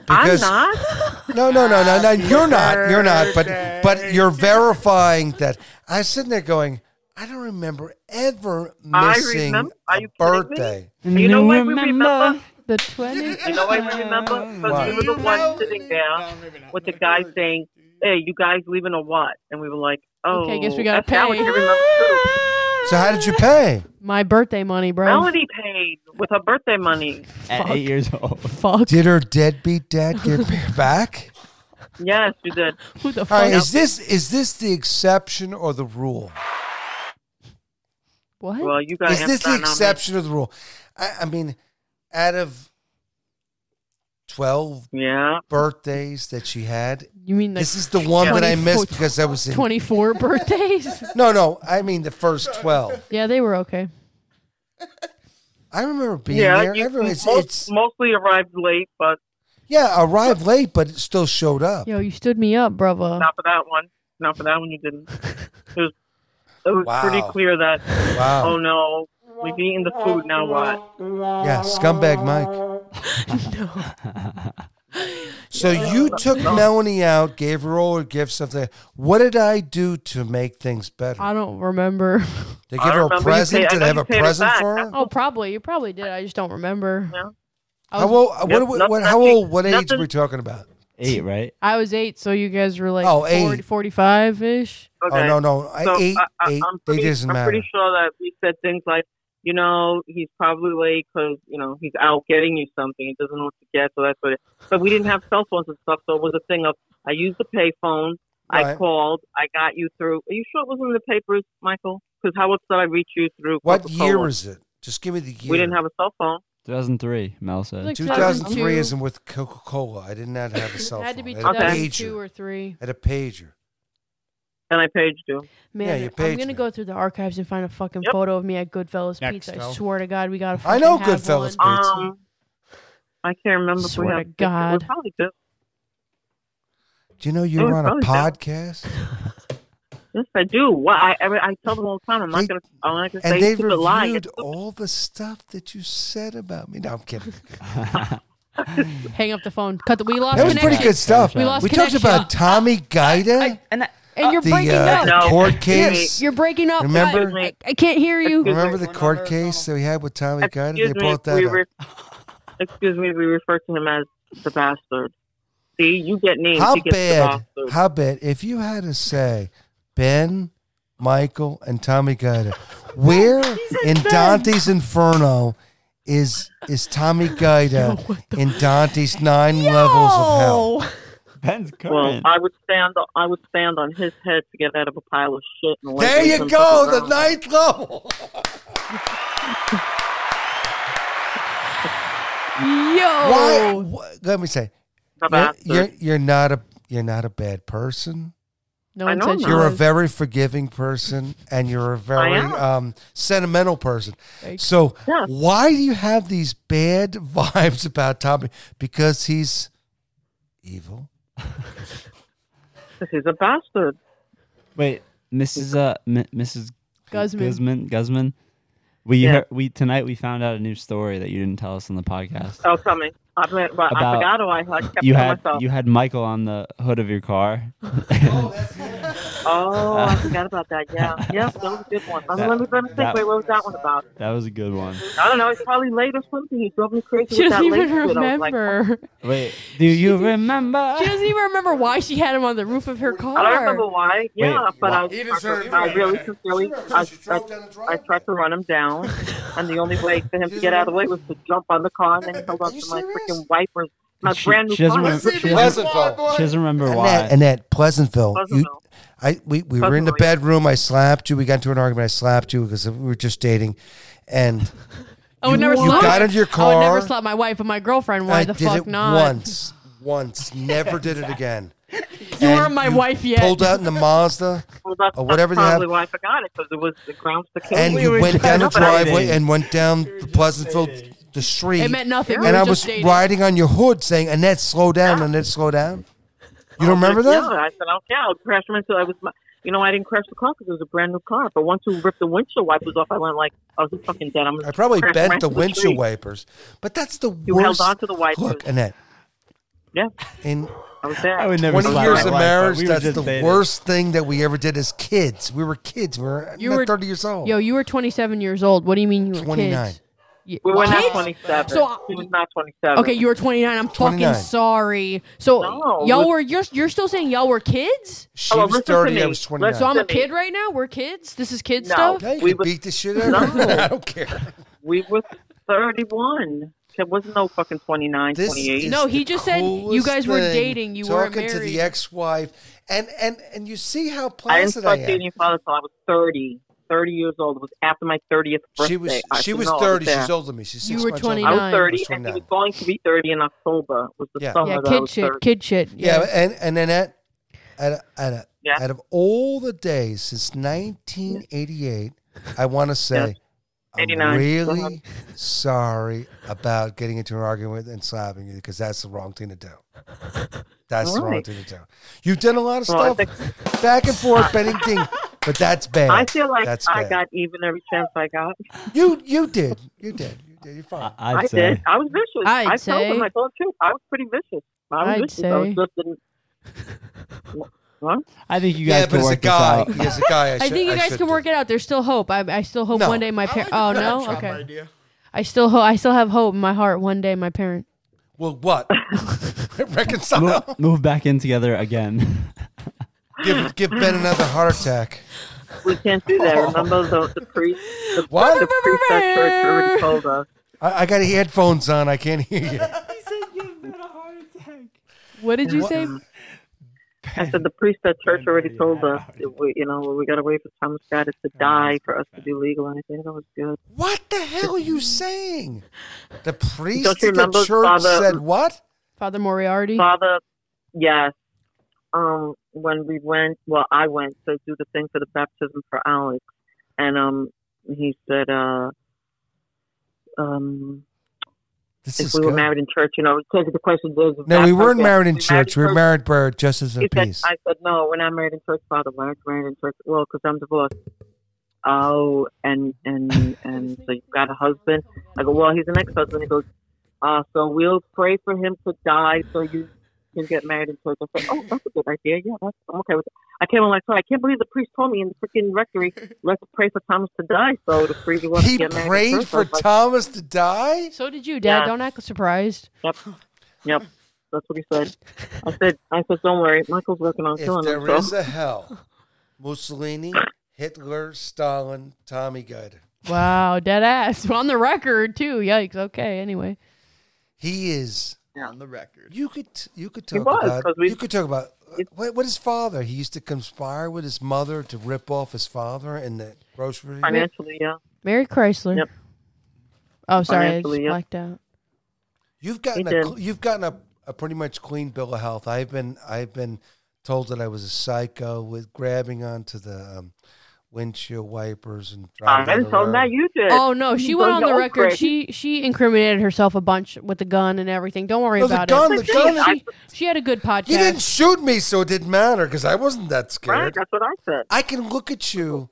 [SPEAKER 9] I'm
[SPEAKER 3] Because
[SPEAKER 9] not.
[SPEAKER 3] no, no, no, no, no. You're not. You're not. But
[SPEAKER 7] birthday.
[SPEAKER 3] but you're verifying that. I was sitting there going, I don't remember ever
[SPEAKER 9] I
[SPEAKER 3] missing
[SPEAKER 9] remember-
[SPEAKER 3] a
[SPEAKER 9] are you kidding me?
[SPEAKER 3] birthday.
[SPEAKER 9] You know what we remember?
[SPEAKER 1] the 20.
[SPEAKER 9] You know why we
[SPEAKER 1] uh,
[SPEAKER 9] remember?
[SPEAKER 3] Why?
[SPEAKER 9] Because we were the
[SPEAKER 7] No,
[SPEAKER 9] ones sitting there
[SPEAKER 7] maybe not.
[SPEAKER 9] with the guy saying, "Hey, you guys leaving or what?" And we were like, "Oh,
[SPEAKER 1] Okay, guess we gotta
[SPEAKER 9] that's how we
[SPEAKER 1] pay.
[SPEAKER 9] remember too.
[SPEAKER 3] So how did you pay?
[SPEAKER 1] My birthday money, bro.
[SPEAKER 9] Melody paid with her birthday money.
[SPEAKER 2] at eight years old.
[SPEAKER 1] Fuck.
[SPEAKER 3] Did her deadbeat dad give her back?
[SPEAKER 9] Yes, you did.
[SPEAKER 1] Who the
[SPEAKER 3] All
[SPEAKER 1] fuck?
[SPEAKER 3] right, is this is this the exception or the rule?
[SPEAKER 1] what?
[SPEAKER 9] Well, you got
[SPEAKER 3] Is this the
[SPEAKER 9] Amazon on me.
[SPEAKER 3] exception or the rule? I, I mean, out of twelve
[SPEAKER 9] Yeah,
[SPEAKER 3] birthdays that she had,
[SPEAKER 1] you mean the
[SPEAKER 3] this is the one that
[SPEAKER 1] 24
[SPEAKER 3] I missed because I was in.
[SPEAKER 1] 24 birthdays?
[SPEAKER 3] No, no, I mean the first twelve.
[SPEAKER 1] yeah, they were okay.
[SPEAKER 3] I remember being
[SPEAKER 9] yeah.
[SPEAKER 3] there.
[SPEAKER 9] you-
[SPEAKER 3] Everyone, it's,
[SPEAKER 9] most-
[SPEAKER 3] it's
[SPEAKER 9] mostly arrived late, but
[SPEAKER 3] yeah, arrived late, but it still showed up.
[SPEAKER 1] Yo, you stood me up, brother.
[SPEAKER 9] not for that one. Not for that one. You didn't. It was, it was
[SPEAKER 3] Wow.
[SPEAKER 9] pretty clear that. Oh
[SPEAKER 3] Wow,
[SPEAKER 9] no, we've eaten the food. Now what? Oh,
[SPEAKER 3] yeah, scumbag Mike. So you took Melanie out, gave her all her gifts. Something. What did I do to make things better?
[SPEAKER 1] I don't remember.
[SPEAKER 3] They
[SPEAKER 9] I
[SPEAKER 3] give her a
[SPEAKER 9] remember you
[SPEAKER 3] present.
[SPEAKER 9] paid- I
[SPEAKER 3] Did
[SPEAKER 9] know
[SPEAKER 3] I have
[SPEAKER 9] you
[SPEAKER 3] a
[SPEAKER 9] paid her
[SPEAKER 3] present
[SPEAKER 9] back.
[SPEAKER 3] for
[SPEAKER 9] That's
[SPEAKER 3] her?
[SPEAKER 1] Oh, probably. You probably did. I just don't remember.
[SPEAKER 9] Yeah.
[SPEAKER 1] I
[SPEAKER 3] How
[SPEAKER 1] was,
[SPEAKER 3] old?
[SPEAKER 9] Yep,
[SPEAKER 3] What, what,
[SPEAKER 9] nothing-
[SPEAKER 3] what, how old? What age
[SPEAKER 9] nothing-
[SPEAKER 3] are we talking about?
[SPEAKER 2] Eight, right?
[SPEAKER 1] I was eight, so you guys were like
[SPEAKER 3] Oh,
[SPEAKER 1] 40,
[SPEAKER 3] eight.
[SPEAKER 1] 45 ish.
[SPEAKER 9] Okay.
[SPEAKER 3] Oh no, no, I,
[SPEAKER 9] So,
[SPEAKER 3] eight,
[SPEAKER 9] I, I,
[SPEAKER 3] eight.
[SPEAKER 9] I'm
[SPEAKER 3] they
[SPEAKER 9] pretty,
[SPEAKER 3] doesn't
[SPEAKER 9] I'm
[SPEAKER 3] matter.
[SPEAKER 9] pretty sure that we said things like, you know, he's probably late because you know he's out getting you something. He doesn't know what to get, so that's what. It, but we didn't have cell phones and stuff, so it was a thing of I used the pay phone. I
[SPEAKER 3] Right.
[SPEAKER 9] called. I got you through. Are you sure it wasn't in the papers, Michael? Because how else did I reach you through?
[SPEAKER 3] What
[SPEAKER 9] Coca-Cola?
[SPEAKER 3] year is it? Just give me the year.
[SPEAKER 9] We didn't have a cell phone.
[SPEAKER 2] 2003, Mel said.
[SPEAKER 1] Like-
[SPEAKER 3] 2003
[SPEAKER 1] 2002.
[SPEAKER 3] isn't with Coca Cola. I did not have a cell
[SPEAKER 1] It
[SPEAKER 3] phone.
[SPEAKER 1] had to be
[SPEAKER 3] I had a
[SPEAKER 1] 2002
[SPEAKER 3] pager.
[SPEAKER 1] or 3.
[SPEAKER 3] I had a pager.
[SPEAKER 9] And I paged you.
[SPEAKER 1] Man,
[SPEAKER 3] Yeah, you
[SPEAKER 1] I'm
[SPEAKER 3] paged
[SPEAKER 1] gonna
[SPEAKER 3] me.
[SPEAKER 1] go through the archives and find a fucking
[SPEAKER 9] Yep.
[SPEAKER 1] photo of me at Goodfellas
[SPEAKER 4] Next,
[SPEAKER 1] Pizza. I
[SPEAKER 4] Al.
[SPEAKER 1] swear to God, we gotta.
[SPEAKER 3] I
[SPEAKER 1] Fucking
[SPEAKER 3] know
[SPEAKER 1] have
[SPEAKER 3] Goodfellas
[SPEAKER 1] one.
[SPEAKER 3] Pizza.
[SPEAKER 9] Um, I can't remember if we
[SPEAKER 1] Swear
[SPEAKER 9] have.
[SPEAKER 1] to God.
[SPEAKER 9] We probably did.
[SPEAKER 3] Do you know
[SPEAKER 9] It
[SPEAKER 3] you're
[SPEAKER 9] was
[SPEAKER 3] on a
[SPEAKER 9] probably
[SPEAKER 3] podcast?
[SPEAKER 9] Yes, I do. Well, I I, I tell them all the time. I'm
[SPEAKER 3] They-
[SPEAKER 9] not gonna. I'm not gonna
[SPEAKER 3] And
[SPEAKER 9] say
[SPEAKER 3] they
[SPEAKER 9] stupid lie.
[SPEAKER 3] reviewed
[SPEAKER 9] It's-
[SPEAKER 3] all the stuff that you said about me. No, I'm kidding.
[SPEAKER 1] Hang up the phone. Cut the. We lost
[SPEAKER 3] That was
[SPEAKER 1] connection.
[SPEAKER 3] pretty good stuff.
[SPEAKER 1] We lost
[SPEAKER 3] talked
[SPEAKER 1] connection.
[SPEAKER 3] about Tommy Gaida,
[SPEAKER 2] And I,
[SPEAKER 1] And you're
[SPEAKER 3] the,
[SPEAKER 1] breaking
[SPEAKER 3] uh,
[SPEAKER 1] up.
[SPEAKER 3] the
[SPEAKER 9] No.
[SPEAKER 3] court case.
[SPEAKER 1] You're breaking up.
[SPEAKER 3] Remember-
[SPEAKER 1] I, I can't hear you.
[SPEAKER 9] Excuse
[SPEAKER 3] Remember the
[SPEAKER 4] We're not
[SPEAKER 3] court
[SPEAKER 4] Arizona.
[SPEAKER 3] case that we had with Tommy Gaida? They
[SPEAKER 9] Excuse me,
[SPEAKER 3] brought that
[SPEAKER 9] we
[SPEAKER 3] up.
[SPEAKER 9] re- excuse me. We refer to him as the bastard. See, you get names.
[SPEAKER 3] How
[SPEAKER 9] he gets
[SPEAKER 3] bad?
[SPEAKER 9] the bastard.
[SPEAKER 3] How bad? If you had to say Ben, Michael, and Tommy Gaida, where in Dante's Inferno is is Tommy Gaida in Dante's nine levels of hell?
[SPEAKER 1] Oh,
[SPEAKER 2] Ben's
[SPEAKER 9] well,
[SPEAKER 2] current.
[SPEAKER 9] I would stand. on- I would stand on his head to get out of a pile of shit. And lay
[SPEAKER 3] There you
[SPEAKER 9] him to
[SPEAKER 3] go, the
[SPEAKER 9] ground.
[SPEAKER 3] ninth level.
[SPEAKER 1] yo.
[SPEAKER 3] Why? wha- Let me say,
[SPEAKER 9] The
[SPEAKER 3] you're, you're
[SPEAKER 9] bastard.
[SPEAKER 3] you're not a you're not a bad person.
[SPEAKER 1] No
[SPEAKER 9] I
[SPEAKER 1] one
[SPEAKER 9] know
[SPEAKER 1] said
[SPEAKER 9] now.
[SPEAKER 1] you
[SPEAKER 3] You're a
[SPEAKER 1] was.
[SPEAKER 3] very forgiving person, and you're a very
[SPEAKER 9] am.
[SPEAKER 3] um, sentimental person.
[SPEAKER 1] Thank-
[SPEAKER 3] So,
[SPEAKER 9] Yeah.
[SPEAKER 3] why do you have these bad vibes about Tommy? Because he's evil.
[SPEAKER 9] He's a bastard.
[SPEAKER 2] Wait, Mrs. Uh, M- Mrs.
[SPEAKER 1] Guzman.
[SPEAKER 2] Guzman. Guzman. We
[SPEAKER 9] Yeah.
[SPEAKER 2] heard, we tonight we found out a new story that you didn't tell us on the podcast.
[SPEAKER 9] Oh, tell me. I, bet, but I
[SPEAKER 2] About-
[SPEAKER 9] forgot who I had. I kept
[SPEAKER 2] you
[SPEAKER 9] it to
[SPEAKER 2] had
[SPEAKER 9] myself.
[SPEAKER 2] you had Michael on the hood of your car.
[SPEAKER 9] Oh, I forgot about that. Yeah, yeah, that was a good one. I mean, let me let me think.
[SPEAKER 2] that-
[SPEAKER 9] Wait, what was that one about?
[SPEAKER 2] that was a good one.
[SPEAKER 9] I don't know. It's probably late or something. He drove me crazy
[SPEAKER 1] She
[SPEAKER 9] with that
[SPEAKER 1] doesn't
[SPEAKER 9] late
[SPEAKER 1] even
[SPEAKER 9] shit. I was like, oh.
[SPEAKER 1] remember.
[SPEAKER 2] Wait, do you remember?
[SPEAKER 1] She doesn't even remember why she had him on the roof of her car.
[SPEAKER 9] I don't remember why. Yeah, but I,
[SPEAKER 4] He
[SPEAKER 9] I,
[SPEAKER 4] deserved
[SPEAKER 9] I
[SPEAKER 4] it.
[SPEAKER 9] really
[SPEAKER 4] She
[SPEAKER 9] sincerely,
[SPEAKER 10] remembers
[SPEAKER 9] I,
[SPEAKER 10] she
[SPEAKER 9] I,
[SPEAKER 10] drove down the
[SPEAKER 9] I
[SPEAKER 10] driveway.
[SPEAKER 9] tried to run him down, and the only way for him to get out of the way was to jump on the car, and then he held
[SPEAKER 10] Are
[SPEAKER 9] up
[SPEAKER 10] you
[SPEAKER 9] to my
[SPEAKER 10] serious?
[SPEAKER 9] freaking wipers, my
[SPEAKER 2] She-
[SPEAKER 9] brand new
[SPEAKER 2] she doesn't
[SPEAKER 9] car.
[SPEAKER 2] remember- she doesn't-
[SPEAKER 10] Pleasantville.
[SPEAKER 2] she doesn't remember why.
[SPEAKER 3] Annette, Annette Pleasantville. You,
[SPEAKER 9] Pleasantville.
[SPEAKER 3] I we, we were in the
[SPEAKER 9] Pleasantville, yeah.
[SPEAKER 3] bedroom. I slapped you. We got into an argument. I slapped you because we were just dating, and
[SPEAKER 1] I would
[SPEAKER 3] You-
[SPEAKER 1] never
[SPEAKER 3] you
[SPEAKER 1] slap.
[SPEAKER 3] got into your
[SPEAKER 1] I would never
[SPEAKER 3] car.
[SPEAKER 1] slap my wife but my girlfriend. Why
[SPEAKER 3] I
[SPEAKER 1] the
[SPEAKER 3] did
[SPEAKER 1] fuck
[SPEAKER 3] it
[SPEAKER 1] not?
[SPEAKER 3] once. Once, never did it again.
[SPEAKER 1] You
[SPEAKER 3] And
[SPEAKER 1] aren't my
[SPEAKER 3] you
[SPEAKER 1] wife yet.
[SPEAKER 3] Pulled out in the Mazda.
[SPEAKER 9] Well, that's,
[SPEAKER 3] or Oh, whatever
[SPEAKER 9] that's
[SPEAKER 3] they have.
[SPEAKER 9] probably why I forgot it because it was the grounds to kill
[SPEAKER 3] and
[SPEAKER 9] me.
[SPEAKER 3] you went down the
[SPEAKER 9] But I-
[SPEAKER 3] driveway and went down the Pleasantville the street.
[SPEAKER 1] It meant nothing. We
[SPEAKER 3] And
[SPEAKER 1] were
[SPEAKER 3] I
[SPEAKER 1] just
[SPEAKER 3] was
[SPEAKER 1] dating.
[SPEAKER 3] riding on your hood saying, Annette, slow down, Annette, slow down. You don't remember
[SPEAKER 9] Yeah,
[SPEAKER 3] that?
[SPEAKER 9] I said, I don't care. I'll crash him into it. was my, you know, I didn't crash the car because it was a brand new car. But once you ripped the windshield wipers off, I went like, oh, he's fucking dead. I'm gonna
[SPEAKER 3] I probably
[SPEAKER 9] crash him right
[SPEAKER 3] bent the
[SPEAKER 9] into
[SPEAKER 3] windshield
[SPEAKER 9] street.
[SPEAKER 3] wipers. But that's the
[SPEAKER 9] You held
[SPEAKER 3] worst.
[SPEAKER 9] onto the wipers.
[SPEAKER 3] Look, Annette,
[SPEAKER 9] Yeah,
[SPEAKER 3] in
[SPEAKER 9] I was there.
[SPEAKER 2] I would never.
[SPEAKER 3] 20
[SPEAKER 2] slap
[SPEAKER 3] years
[SPEAKER 2] my
[SPEAKER 3] of
[SPEAKER 2] wife, but
[SPEAKER 3] marriage,
[SPEAKER 2] we were
[SPEAKER 3] that's
[SPEAKER 2] just
[SPEAKER 3] the
[SPEAKER 2] dating.
[SPEAKER 3] worst thing that we ever did as kids. We were kids. We were
[SPEAKER 1] You
[SPEAKER 3] not
[SPEAKER 1] were-
[SPEAKER 3] 30 years old.
[SPEAKER 9] Oh,
[SPEAKER 1] Yo, you were 27 years old. What do you mean you were
[SPEAKER 3] 29.
[SPEAKER 1] kids? You-
[SPEAKER 9] We were
[SPEAKER 1] kids?
[SPEAKER 9] not 27.
[SPEAKER 1] So I-
[SPEAKER 9] he was not 27.
[SPEAKER 1] Okay, you were 29. I'm
[SPEAKER 3] 29.
[SPEAKER 1] fucking sorry. So
[SPEAKER 9] No,
[SPEAKER 1] y'all
[SPEAKER 9] we-
[SPEAKER 1] were you're, you're still saying y'all were kids?
[SPEAKER 3] she
[SPEAKER 9] Oh,
[SPEAKER 3] was
[SPEAKER 9] listen to
[SPEAKER 3] 30,
[SPEAKER 9] me.
[SPEAKER 3] I was 29.
[SPEAKER 9] Let's-
[SPEAKER 1] So I'm a
[SPEAKER 9] Listen to me.
[SPEAKER 1] kid right now. We're kids. This is kid
[SPEAKER 9] No.
[SPEAKER 1] stuff.
[SPEAKER 3] yeah, you
[SPEAKER 9] we
[SPEAKER 3] could
[SPEAKER 9] were-
[SPEAKER 3] beat the shit out of her.
[SPEAKER 9] No.
[SPEAKER 3] I don't care.
[SPEAKER 9] we were 31. There was no fucking 29,
[SPEAKER 3] This
[SPEAKER 9] 28.
[SPEAKER 3] is
[SPEAKER 1] No, he
[SPEAKER 3] the
[SPEAKER 1] just said you guys
[SPEAKER 3] coolest
[SPEAKER 1] were
[SPEAKER 3] thing,
[SPEAKER 1] dating, you weren't
[SPEAKER 3] talking to
[SPEAKER 1] married.
[SPEAKER 3] the ex-wife, and and and you see how
[SPEAKER 9] I didn't
[SPEAKER 3] placid I,
[SPEAKER 9] start
[SPEAKER 3] am.
[SPEAKER 9] dating your father until I was 30. 30 years old. It was after my 30th birthday.
[SPEAKER 3] She was
[SPEAKER 9] I
[SPEAKER 3] she
[SPEAKER 9] said,
[SPEAKER 3] was
[SPEAKER 9] no, I
[SPEAKER 3] thirty.
[SPEAKER 9] there.
[SPEAKER 3] She's older than me. She's six
[SPEAKER 1] You were
[SPEAKER 3] months older.
[SPEAKER 9] I
[SPEAKER 1] 29.
[SPEAKER 9] was 30,
[SPEAKER 3] From
[SPEAKER 9] and he
[SPEAKER 3] that.
[SPEAKER 9] was going to be 30 in October. Was the
[SPEAKER 3] Yeah.
[SPEAKER 9] summer
[SPEAKER 1] Yeah,
[SPEAKER 9] that I
[SPEAKER 1] kid
[SPEAKER 9] was
[SPEAKER 1] shit.
[SPEAKER 9] 30.
[SPEAKER 1] Kid shit.
[SPEAKER 3] Yeah,
[SPEAKER 1] Yeah.
[SPEAKER 3] and and then at at at, at,
[SPEAKER 9] Yeah.
[SPEAKER 3] out of all the days since 1988, I want to say. I'm
[SPEAKER 9] 89.
[SPEAKER 3] really
[SPEAKER 9] Uh-huh.
[SPEAKER 3] sorry about getting into an argument and slapping you because that's the wrong thing to do. That's the wrong
[SPEAKER 9] Right.
[SPEAKER 3] thing to do. You've done a lot of
[SPEAKER 9] Well, I
[SPEAKER 3] stuff back and forth, bending ding, but that's bad.
[SPEAKER 9] I feel like
[SPEAKER 3] that's
[SPEAKER 9] I
[SPEAKER 3] bad.
[SPEAKER 9] got even every chance I got.
[SPEAKER 3] You you did. You did. You did. You're fine.
[SPEAKER 2] I'd
[SPEAKER 9] I
[SPEAKER 2] say.
[SPEAKER 9] did. I was vicious.
[SPEAKER 1] I'd
[SPEAKER 9] I told
[SPEAKER 1] say-
[SPEAKER 9] him. I told the truth. I was pretty vicious. I was
[SPEAKER 1] I'd
[SPEAKER 9] vicious. I
[SPEAKER 1] say-
[SPEAKER 9] was just in. What?
[SPEAKER 2] I think you guys
[SPEAKER 3] yeah,
[SPEAKER 2] could
[SPEAKER 3] but as a
[SPEAKER 2] work this
[SPEAKER 3] guy,
[SPEAKER 2] out.
[SPEAKER 3] as a guy, I,
[SPEAKER 1] I
[SPEAKER 3] should-
[SPEAKER 1] think you
[SPEAKER 3] I
[SPEAKER 1] guys
[SPEAKER 3] should
[SPEAKER 1] can
[SPEAKER 3] do.
[SPEAKER 1] work it out. There's still hope. I, I still hope
[SPEAKER 3] No.
[SPEAKER 1] one day my parents. Oh no, okay.
[SPEAKER 4] Idea.
[SPEAKER 1] I still hope. I still have hope in my heart. One day my parents.
[SPEAKER 3] Well, what?
[SPEAKER 2] Move,
[SPEAKER 3] Reconcile.
[SPEAKER 2] move back in together again.
[SPEAKER 3] give give Ben another heart attack.
[SPEAKER 9] We can't do that. Remember the, the priest? The,
[SPEAKER 3] What?
[SPEAKER 9] The priest at church already told us.
[SPEAKER 3] I, I got headphones on. I can't hear you.
[SPEAKER 1] What did you say?
[SPEAKER 9] I said the priest at church already told us. that we, you know, we got to wait for Thomas Goddard to die for us to be legal, and I think that was good.
[SPEAKER 3] What the hell are you saying? The priest
[SPEAKER 9] Don't you
[SPEAKER 3] at the
[SPEAKER 9] remember,
[SPEAKER 3] church
[SPEAKER 9] Father-
[SPEAKER 3] said what?
[SPEAKER 1] Father Moriarty.
[SPEAKER 9] Father, yes. Um, when we went, well, I went to do the thing for the baptism for Alex, and um, he said, uh, um,
[SPEAKER 3] This
[SPEAKER 9] if
[SPEAKER 3] is
[SPEAKER 9] we were
[SPEAKER 3] good.
[SPEAKER 9] married in church, you know, because the question is. if
[SPEAKER 3] No,
[SPEAKER 9] that
[SPEAKER 3] we weren't
[SPEAKER 9] person-
[SPEAKER 3] married in
[SPEAKER 9] we
[SPEAKER 3] church. We were
[SPEAKER 9] person-
[SPEAKER 3] married for justice and
[SPEAKER 9] He said,
[SPEAKER 3] peace.
[SPEAKER 9] I said, no, we're not married in church, Father. We're not married in church. Well, because I'm divorced. Oh, and and and so you've got a husband? I go, well, he's an ex-husband. He goes, uh, so we'll pray for him to die so you can get married in church. I said, oh, that's a good idea. Yeah, that's, I'm okay with it. I came on like, so I can't believe the priest told me in the freaking rectory, let's pray for Thomas to die so the priest will
[SPEAKER 3] he
[SPEAKER 9] get married in
[SPEAKER 3] prayed
[SPEAKER 9] church.
[SPEAKER 3] for
[SPEAKER 9] I was like,
[SPEAKER 3] Thomas to die.
[SPEAKER 1] So did you, Dad.
[SPEAKER 9] Yeah.
[SPEAKER 1] Don't act surprised.
[SPEAKER 9] Yep. Yep. That's what he said. I said, I said, don't worry. Michael's working on
[SPEAKER 11] If
[SPEAKER 9] killing
[SPEAKER 11] there is
[SPEAKER 9] himself.
[SPEAKER 11] a hell, Mussolini, Hitler, Stalin, Tommy Guide.
[SPEAKER 1] Wow, dead ass on the record too. Yikes. Okay. Anyway,
[SPEAKER 3] He is.
[SPEAKER 12] on the record.
[SPEAKER 3] You could you could
[SPEAKER 9] He
[SPEAKER 3] talk
[SPEAKER 9] was,
[SPEAKER 3] about
[SPEAKER 9] 'cause we-
[SPEAKER 3] you could talk about uh, what, what his father. He used to conspire with his mother to rip off his father in the grocery.
[SPEAKER 9] Financially, yeah.
[SPEAKER 1] Mary Chrysler.
[SPEAKER 9] Yep.
[SPEAKER 1] Oh, sorry, I just
[SPEAKER 9] Financially, yep.
[SPEAKER 1] blacked out.
[SPEAKER 3] You've gotten
[SPEAKER 9] He
[SPEAKER 3] a,
[SPEAKER 9] did.
[SPEAKER 3] cl- you've gotten a, a pretty much clean bill of health. I've been I've been told that I was a psycho with grabbing onto the um, windshield wipers and driving.
[SPEAKER 9] I
[SPEAKER 3] down
[SPEAKER 9] didn't
[SPEAKER 3] the
[SPEAKER 9] tell him
[SPEAKER 3] road.
[SPEAKER 9] that. You did.
[SPEAKER 1] Oh no, she
[SPEAKER 9] You
[SPEAKER 1] went
[SPEAKER 9] go
[SPEAKER 1] on the
[SPEAKER 9] your own
[SPEAKER 1] record.
[SPEAKER 9] crazy.
[SPEAKER 1] She she incriminated herself a bunch with the gun and everything. Don't worry
[SPEAKER 3] No, the
[SPEAKER 1] about
[SPEAKER 3] gun,
[SPEAKER 1] it.
[SPEAKER 3] the gun-
[SPEAKER 1] She, she had a good podcast.
[SPEAKER 3] You didn't shoot me, so it didn't matter because I wasn't that
[SPEAKER 9] right.
[SPEAKER 3] scared.
[SPEAKER 9] That's what I said.
[SPEAKER 3] I can look at you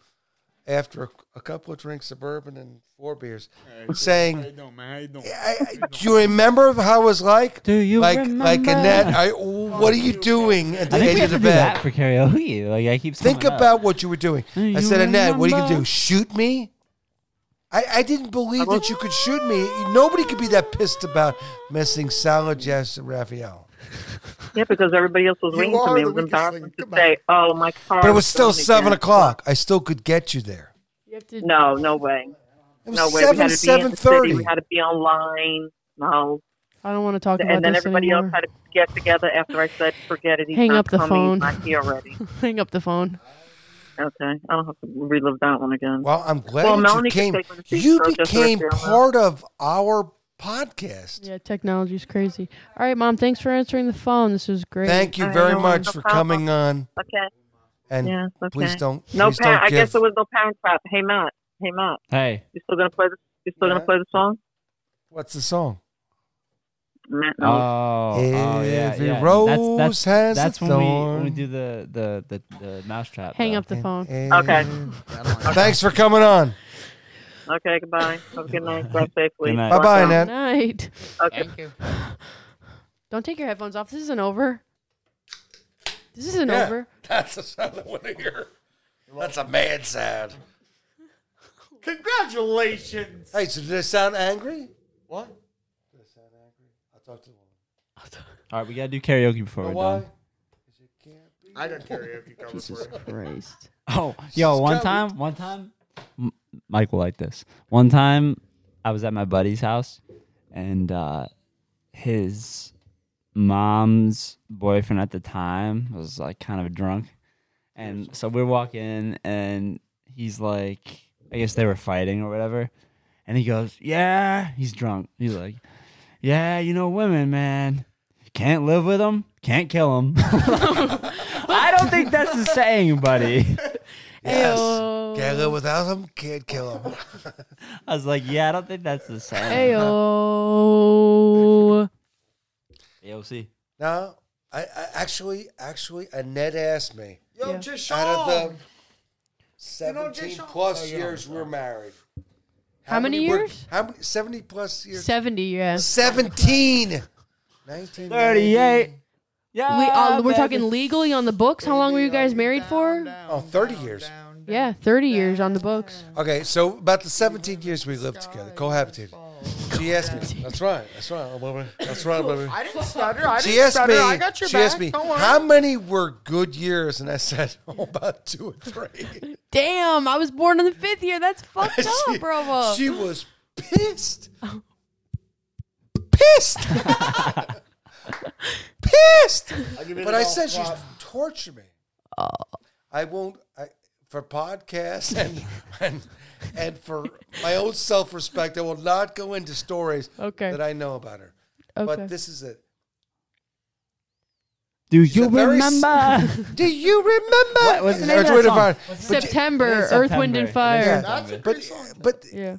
[SPEAKER 3] after a, a couple of drinks of bourbon and four beers, saying.
[SPEAKER 4] How you doing, man? How you doing?
[SPEAKER 3] I, I- do you remember how it was like?
[SPEAKER 2] Do you
[SPEAKER 3] like like
[SPEAKER 2] remember?
[SPEAKER 3] Annette? I, what are you doing at the
[SPEAKER 2] I think we
[SPEAKER 3] edge
[SPEAKER 2] have
[SPEAKER 3] of
[SPEAKER 2] to
[SPEAKER 3] the
[SPEAKER 2] do that
[SPEAKER 3] bed?
[SPEAKER 2] for karaoke. Like I keep
[SPEAKER 3] Think
[SPEAKER 2] coming up.
[SPEAKER 3] about what you were doing.
[SPEAKER 2] Do
[SPEAKER 3] I
[SPEAKER 2] you
[SPEAKER 3] said, Annette, what are you gonna do?
[SPEAKER 2] remember?
[SPEAKER 3] Shoot me? I, I didn't believe that you could shoot me. Nobody could be that pissed about missing Sal, Jess, and Raphael.
[SPEAKER 9] Yeah, because everybody else was
[SPEAKER 12] You
[SPEAKER 9] waiting for
[SPEAKER 12] are
[SPEAKER 9] me. It
[SPEAKER 12] the
[SPEAKER 9] was
[SPEAKER 12] weakest
[SPEAKER 9] embarrassing
[SPEAKER 12] link.
[SPEAKER 9] to
[SPEAKER 12] Come on.
[SPEAKER 9] say, "Oh, my car."
[SPEAKER 3] But it
[SPEAKER 9] is
[SPEAKER 3] was still
[SPEAKER 9] going
[SPEAKER 3] seven
[SPEAKER 9] again.
[SPEAKER 3] o'clock. I still could get you there.
[SPEAKER 1] You have to-
[SPEAKER 9] No, no way.
[SPEAKER 3] It was
[SPEAKER 9] No way. we
[SPEAKER 3] seven
[SPEAKER 9] had to be in
[SPEAKER 3] seven
[SPEAKER 9] the city.
[SPEAKER 3] thirty.
[SPEAKER 9] We had to be online. No,
[SPEAKER 1] I don't want to talk about
[SPEAKER 9] and then
[SPEAKER 1] this
[SPEAKER 9] everybody
[SPEAKER 1] anymore.
[SPEAKER 9] else had to get together after I said, "Forget it." He's
[SPEAKER 1] Hang
[SPEAKER 9] not
[SPEAKER 1] up the
[SPEAKER 9] coming.
[SPEAKER 1] phone.
[SPEAKER 9] He's not here already.
[SPEAKER 1] Hang up the phone.
[SPEAKER 9] Okay, I don't have to relive that one again.
[SPEAKER 3] Well, I'm glad
[SPEAKER 9] Well,
[SPEAKER 3] that
[SPEAKER 9] Melanie
[SPEAKER 3] you
[SPEAKER 9] can
[SPEAKER 3] came.
[SPEAKER 9] take one of these
[SPEAKER 3] You
[SPEAKER 9] for just the
[SPEAKER 3] became
[SPEAKER 9] rest of the
[SPEAKER 3] part of our podcast.
[SPEAKER 1] Yeah, technology's crazy. All right, mom. Thanks for answering the phone. This was great.
[SPEAKER 3] Thank you
[SPEAKER 9] I
[SPEAKER 3] very
[SPEAKER 9] know,
[SPEAKER 3] much
[SPEAKER 9] no
[SPEAKER 3] for
[SPEAKER 9] problem.
[SPEAKER 3] coming on.
[SPEAKER 9] okay.
[SPEAKER 3] And
[SPEAKER 9] Yeah. Okay.
[SPEAKER 3] please don't.
[SPEAKER 9] No
[SPEAKER 3] please
[SPEAKER 9] parent.
[SPEAKER 3] don't
[SPEAKER 9] I
[SPEAKER 3] give.
[SPEAKER 9] guess there was no parent trap. Hey, Matt. Hey, Matt.
[SPEAKER 2] Hey,
[SPEAKER 9] You still gonna play the? You still
[SPEAKER 11] Yeah.
[SPEAKER 9] gonna play the song?
[SPEAKER 3] What's the song?
[SPEAKER 9] Matt
[SPEAKER 2] oh,
[SPEAKER 9] knows.
[SPEAKER 2] oh, yeah,
[SPEAKER 3] Every
[SPEAKER 2] yeah.
[SPEAKER 3] rose
[SPEAKER 2] that's, that's,
[SPEAKER 3] has a
[SPEAKER 2] that's when we when we
[SPEAKER 3] thorn.
[SPEAKER 2] do the the the, the mousetrap.
[SPEAKER 1] Hang
[SPEAKER 2] though.
[SPEAKER 1] up the phone.
[SPEAKER 9] Okay.
[SPEAKER 3] Thanks for coming on.
[SPEAKER 9] Okay. Goodbye. Have a good night. Drive safely.
[SPEAKER 2] Good night.
[SPEAKER 3] Bye bye,
[SPEAKER 9] Watch
[SPEAKER 3] Nat.
[SPEAKER 9] out.
[SPEAKER 1] Night.
[SPEAKER 9] Okay.
[SPEAKER 1] Don't take your headphones off. This isn't over. This isn't
[SPEAKER 11] Yeah.
[SPEAKER 1] over.
[SPEAKER 11] That's the sound I want to hear. That's a mad sound.
[SPEAKER 4] Congratulations.
[SPEAKER 11] Hey, so did I sound angry?
[SPEAKER 4] What?
[SPEAKER 11] I talked to the
[SPEAKER 2] All right, we gotta do karaoke before
[SPEAKER 11] woman.
[SPEAKER 2] we're
[SPEAKER 11] Why?
[SPEAKER 2] done.
[SPEAKER 4] I don't karaoke covers for it.
[SPEAKER 1] Christ.
[SPEAKER 2] Oh, yo, one time, one time, M- Michael like this. One time, I was at my buddy's house, and uh, his mom's boyfriend at the time was like kind of drunk, and so we're walking, and he's like, I guess they were fighting or whatever, and he goes, "Yeah," he's drunk. He's like, "Yeah, you know, women, man." Can't live with them, can't kill them. I don't think that's the saying, buddy.
[SPEAKER 3] Yes. Can't live without him. Can't kill him.
[SPEAKER 2] I was like, yeah, I don't think that's the same.
[SPEAKER 1] Ayo.
[SPEAKER 2] AOC.
[SPEAKER 11] No, I, I actually, actually, Annette asked me.
[SPEAKER 4] Yo,
[SPEAKER 1] Yeah.
[SPEAKER 4] just
[SPEAKER 11] Out of the
[SPEAKER 4] know, Jay
[SPEAKER 11] seventeen
[SPEAKER 4] Sean-
[SPEAKER 11] plus
[SPEAKER 4] Oh, you know,
[SPEAKER 11] years we're married.
[SPEAKER 1] How many
[SPEAKER 11] were-
[SPEAKER 1] years?
[SPEAKER 11] How many? Seventy plus years.
[SPEAKER 1] 70, yeah.
[SPEAKER 3] 17. 19.
[SPEAKER 2] 38. Yeah.
[SPEAKER 1] We, uh, we're talking
[SPEAKER 2] baby.
[SPEAKER 1] legally on the books. How long were you guys married for?
[SPEAKER 11] Oh, 30 years.
[SPEAKER 1] Yeah, 30 years on the books.
[SPEAKER 11] Okay, so about the 17 years we lived together, cohabitated. She asked me. That's right. That's right.
[SPEAKER 3] oh,
[SPEAKER 11] I'm over- That's right. I'm over-
[SPEAKER 12] I didn't stutter. I
[SPEAKER 3] She asked me.
[SPEAKER 12] I got your
[SPEAKER 3] she asked me
[SPEAKER 12] Don't worry.
[SPEAKER 3] how many were good years, and I said oh, about two or three.
[SPEAKER 1] Damn, I was born in the fifth year. That's fucked
[SPEAKER 3] She-
[SPEAKER 1] up, Bravo.
[SPEAKER 3] She was pissed. Pissed. pissed. But I said she's torture me.
[SPEAKER 2] Oh.
[SPEAKER 3] I won't. I, for podcasts and, and and for my own self respect, I will not go into stories
[SPEAKER 1] Okay.
[SPEAKER 11] that I know about her.
[SPEAKER 1] okay.
[SPEAKER 11] But this is it.
[SPEAKER 2] Do
[SPEAKER 11] a
[SPEAKER 2] you
[SPEAKER 11] very s-
[SPEAKER 2] remember?
[SPEAKER 3] Do you remember?
[SPEAKER 2] What- what's the name of
[SPEAKER 3] Earth,
[SPEAKER 2] that
[SPEAKER 3] Wind, and
[SPEAKER 2] song?
[SPEAKER 3] Fire.
[SPEAKER 1] September,
[SPEAKER 2] It is
[SPEAKER 1] Earth, Wind,
[SPEAKER 2] September.
[SPEAKER 1] and
[SPEAKER 2] It is
[SPEAKER 1] Fire.
[SPEAKER 3] But but
[SPEAKER 1] Yeah.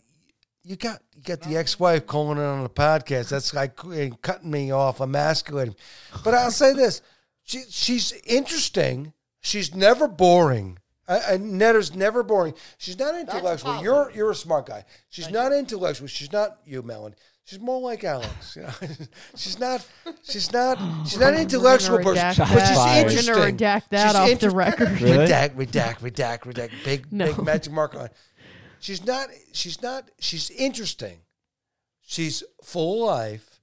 [SPEAKER 3] you got you got the ex-wife calling in on the podcast. That's like and cutting me off, emasculating. But I'll say this: she, she's interesting. She's never boring. I, I, Netta's never boring. She's not intellectual. You're you're a smart guy. She's not intellectual. She's not you, Melon. She's more like Alex. You know? she's not. She's not. She's not an intellectual person,
[SPEAKER 1] redact
[SPEAKER 2] that.
[SPEAKER 3] but she's
[SPEAKER 2] We're gonna
[SPEAKER 3] interesting.
[SPEAKER 1] redact that off the
[SPEAKER 3] inter-
[SPEAKER 1] record.
[SPEAKER 2] Really?
[SPEAKER 3] Redact, redact, redact, redact. Big,
[SPEAKER 1] No.
[SPEAKER 3] big magic mark on. it. She's not. She's not. She's interesting. She's full of life,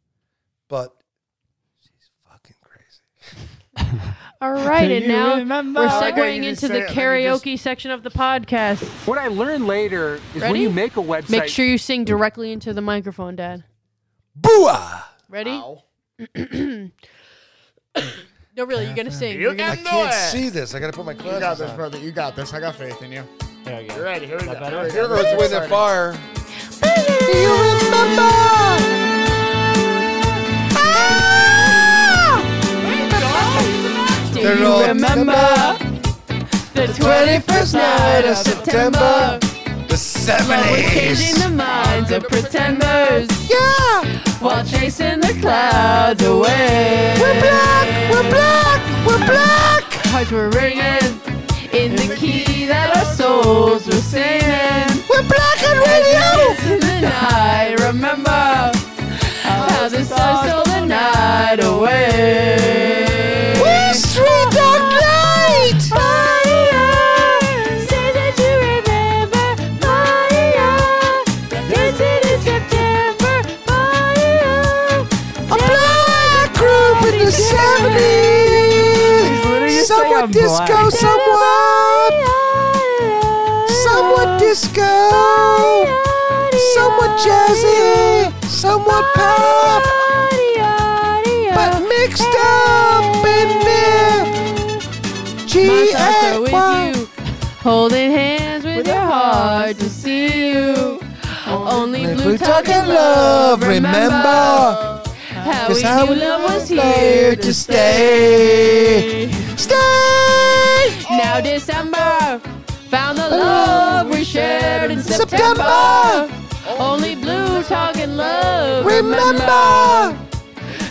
[SPEAKER 3] but she's fucking crazy.
[SPEAKER 1] All right, and
[SPEAKER 2] you
[SPEAKER 1] now
[SPEAKER 2] remember?
[SPEAKER 1] we're
[SPEAKER 2] I
[SPEAKER 13] like when
[SPEAKER 1] segueing
[SPEAKER 13] you
[SPEAKER 1] into
[SPEAKER 13] say
[SPEAKER 1] the
[SPEAKER 13] it, then you just-
[SPEAKER 1] karaoke section of the podcast.
[SPEAKER 7] What I learned later is when
[SPEAKER 1] Ready?
[SPEAKER 7] you make a website,
[SPEAKER 1] Make sure you sing directly into the microphone, Dad.
[SPEAKER 3] Booah!
[SPEAKER 1] Ready? no, really, you're gonna sing.
[SPEAKER 13] You
[SPEAKER 1] You're
[SPEAKER 13] can
[SPEAKER 1] gonna-
[SPEAKER 3] I
[SPEAKER 13] do
[SPEAKER 3] can't
[SPEAKER 13] it.
[SPEAKER 3] see this. I gotta put my
[SPEAKER 4] You got
[SPEAKER 3] glasses
[SPEAKER 4] this,
[SPEAKER 3] on.
[SPEAKER 4] brother. You got this. I got faith in you.
[SPEAKER 2] There we
[SPEAKER 13] You
[SPEAKER 2] go.
[SPEAKER 13] ready? Here we go.
[SPEAKER 2] better?
[SPEAKER 13] Here we go.
[SPEAKER 3] Here goes with the fire.
[SPEAKER 1] Do
[SPEAKER 3] They're
[SPEAKER 1] you
[SPEAKER 3] all-
[SPEAKER 1] remember the 21st night of September?
[SPEAKER 3] The
[SPEAKER 1] Changing
[SPEAKER 3] seventies.
[SPEAKER 1] the minds of pretenders. Yeah! While chasing the clouds away. We're black, we're black, we're black! Hearts were ringing in the key that our souls were singing. We're black and radio! the night, remember how the stars stole the night away. We're street dog night! Fire! Say that you remember. Fire! Dancing in September. Fire! A black group in the 70s!
[SPEAKER 2] literally just saying
[SPEAKER 3] Somewhat
[SPEAKER 2] I'm
[SPEAKER 3] disco,
[SPEAKER 2] black.
[SPEAKER 3] somewhat. Somewhat disco. Somewhat jazzy. Somewhat pop. But mixed up in there.
[SPEAKER 1] My
[SPEAKER 3] G
[SPEAKER 1] thoughts are
[SPEAKER 3] A Y.
[SPEAKER 1] with you. Holding hands with, your heart to see you. Only
[SPEAKER 3] Only
[SPEAKER 1] blue talking love, remember how we
[SPEAKER 3] Cause
[SPEAKER 1] knew love was here to stay.
[SPEAKER 3] Stay.
[SPEAKER 1] Now December found the love we shared in September. Only blue talking love, remember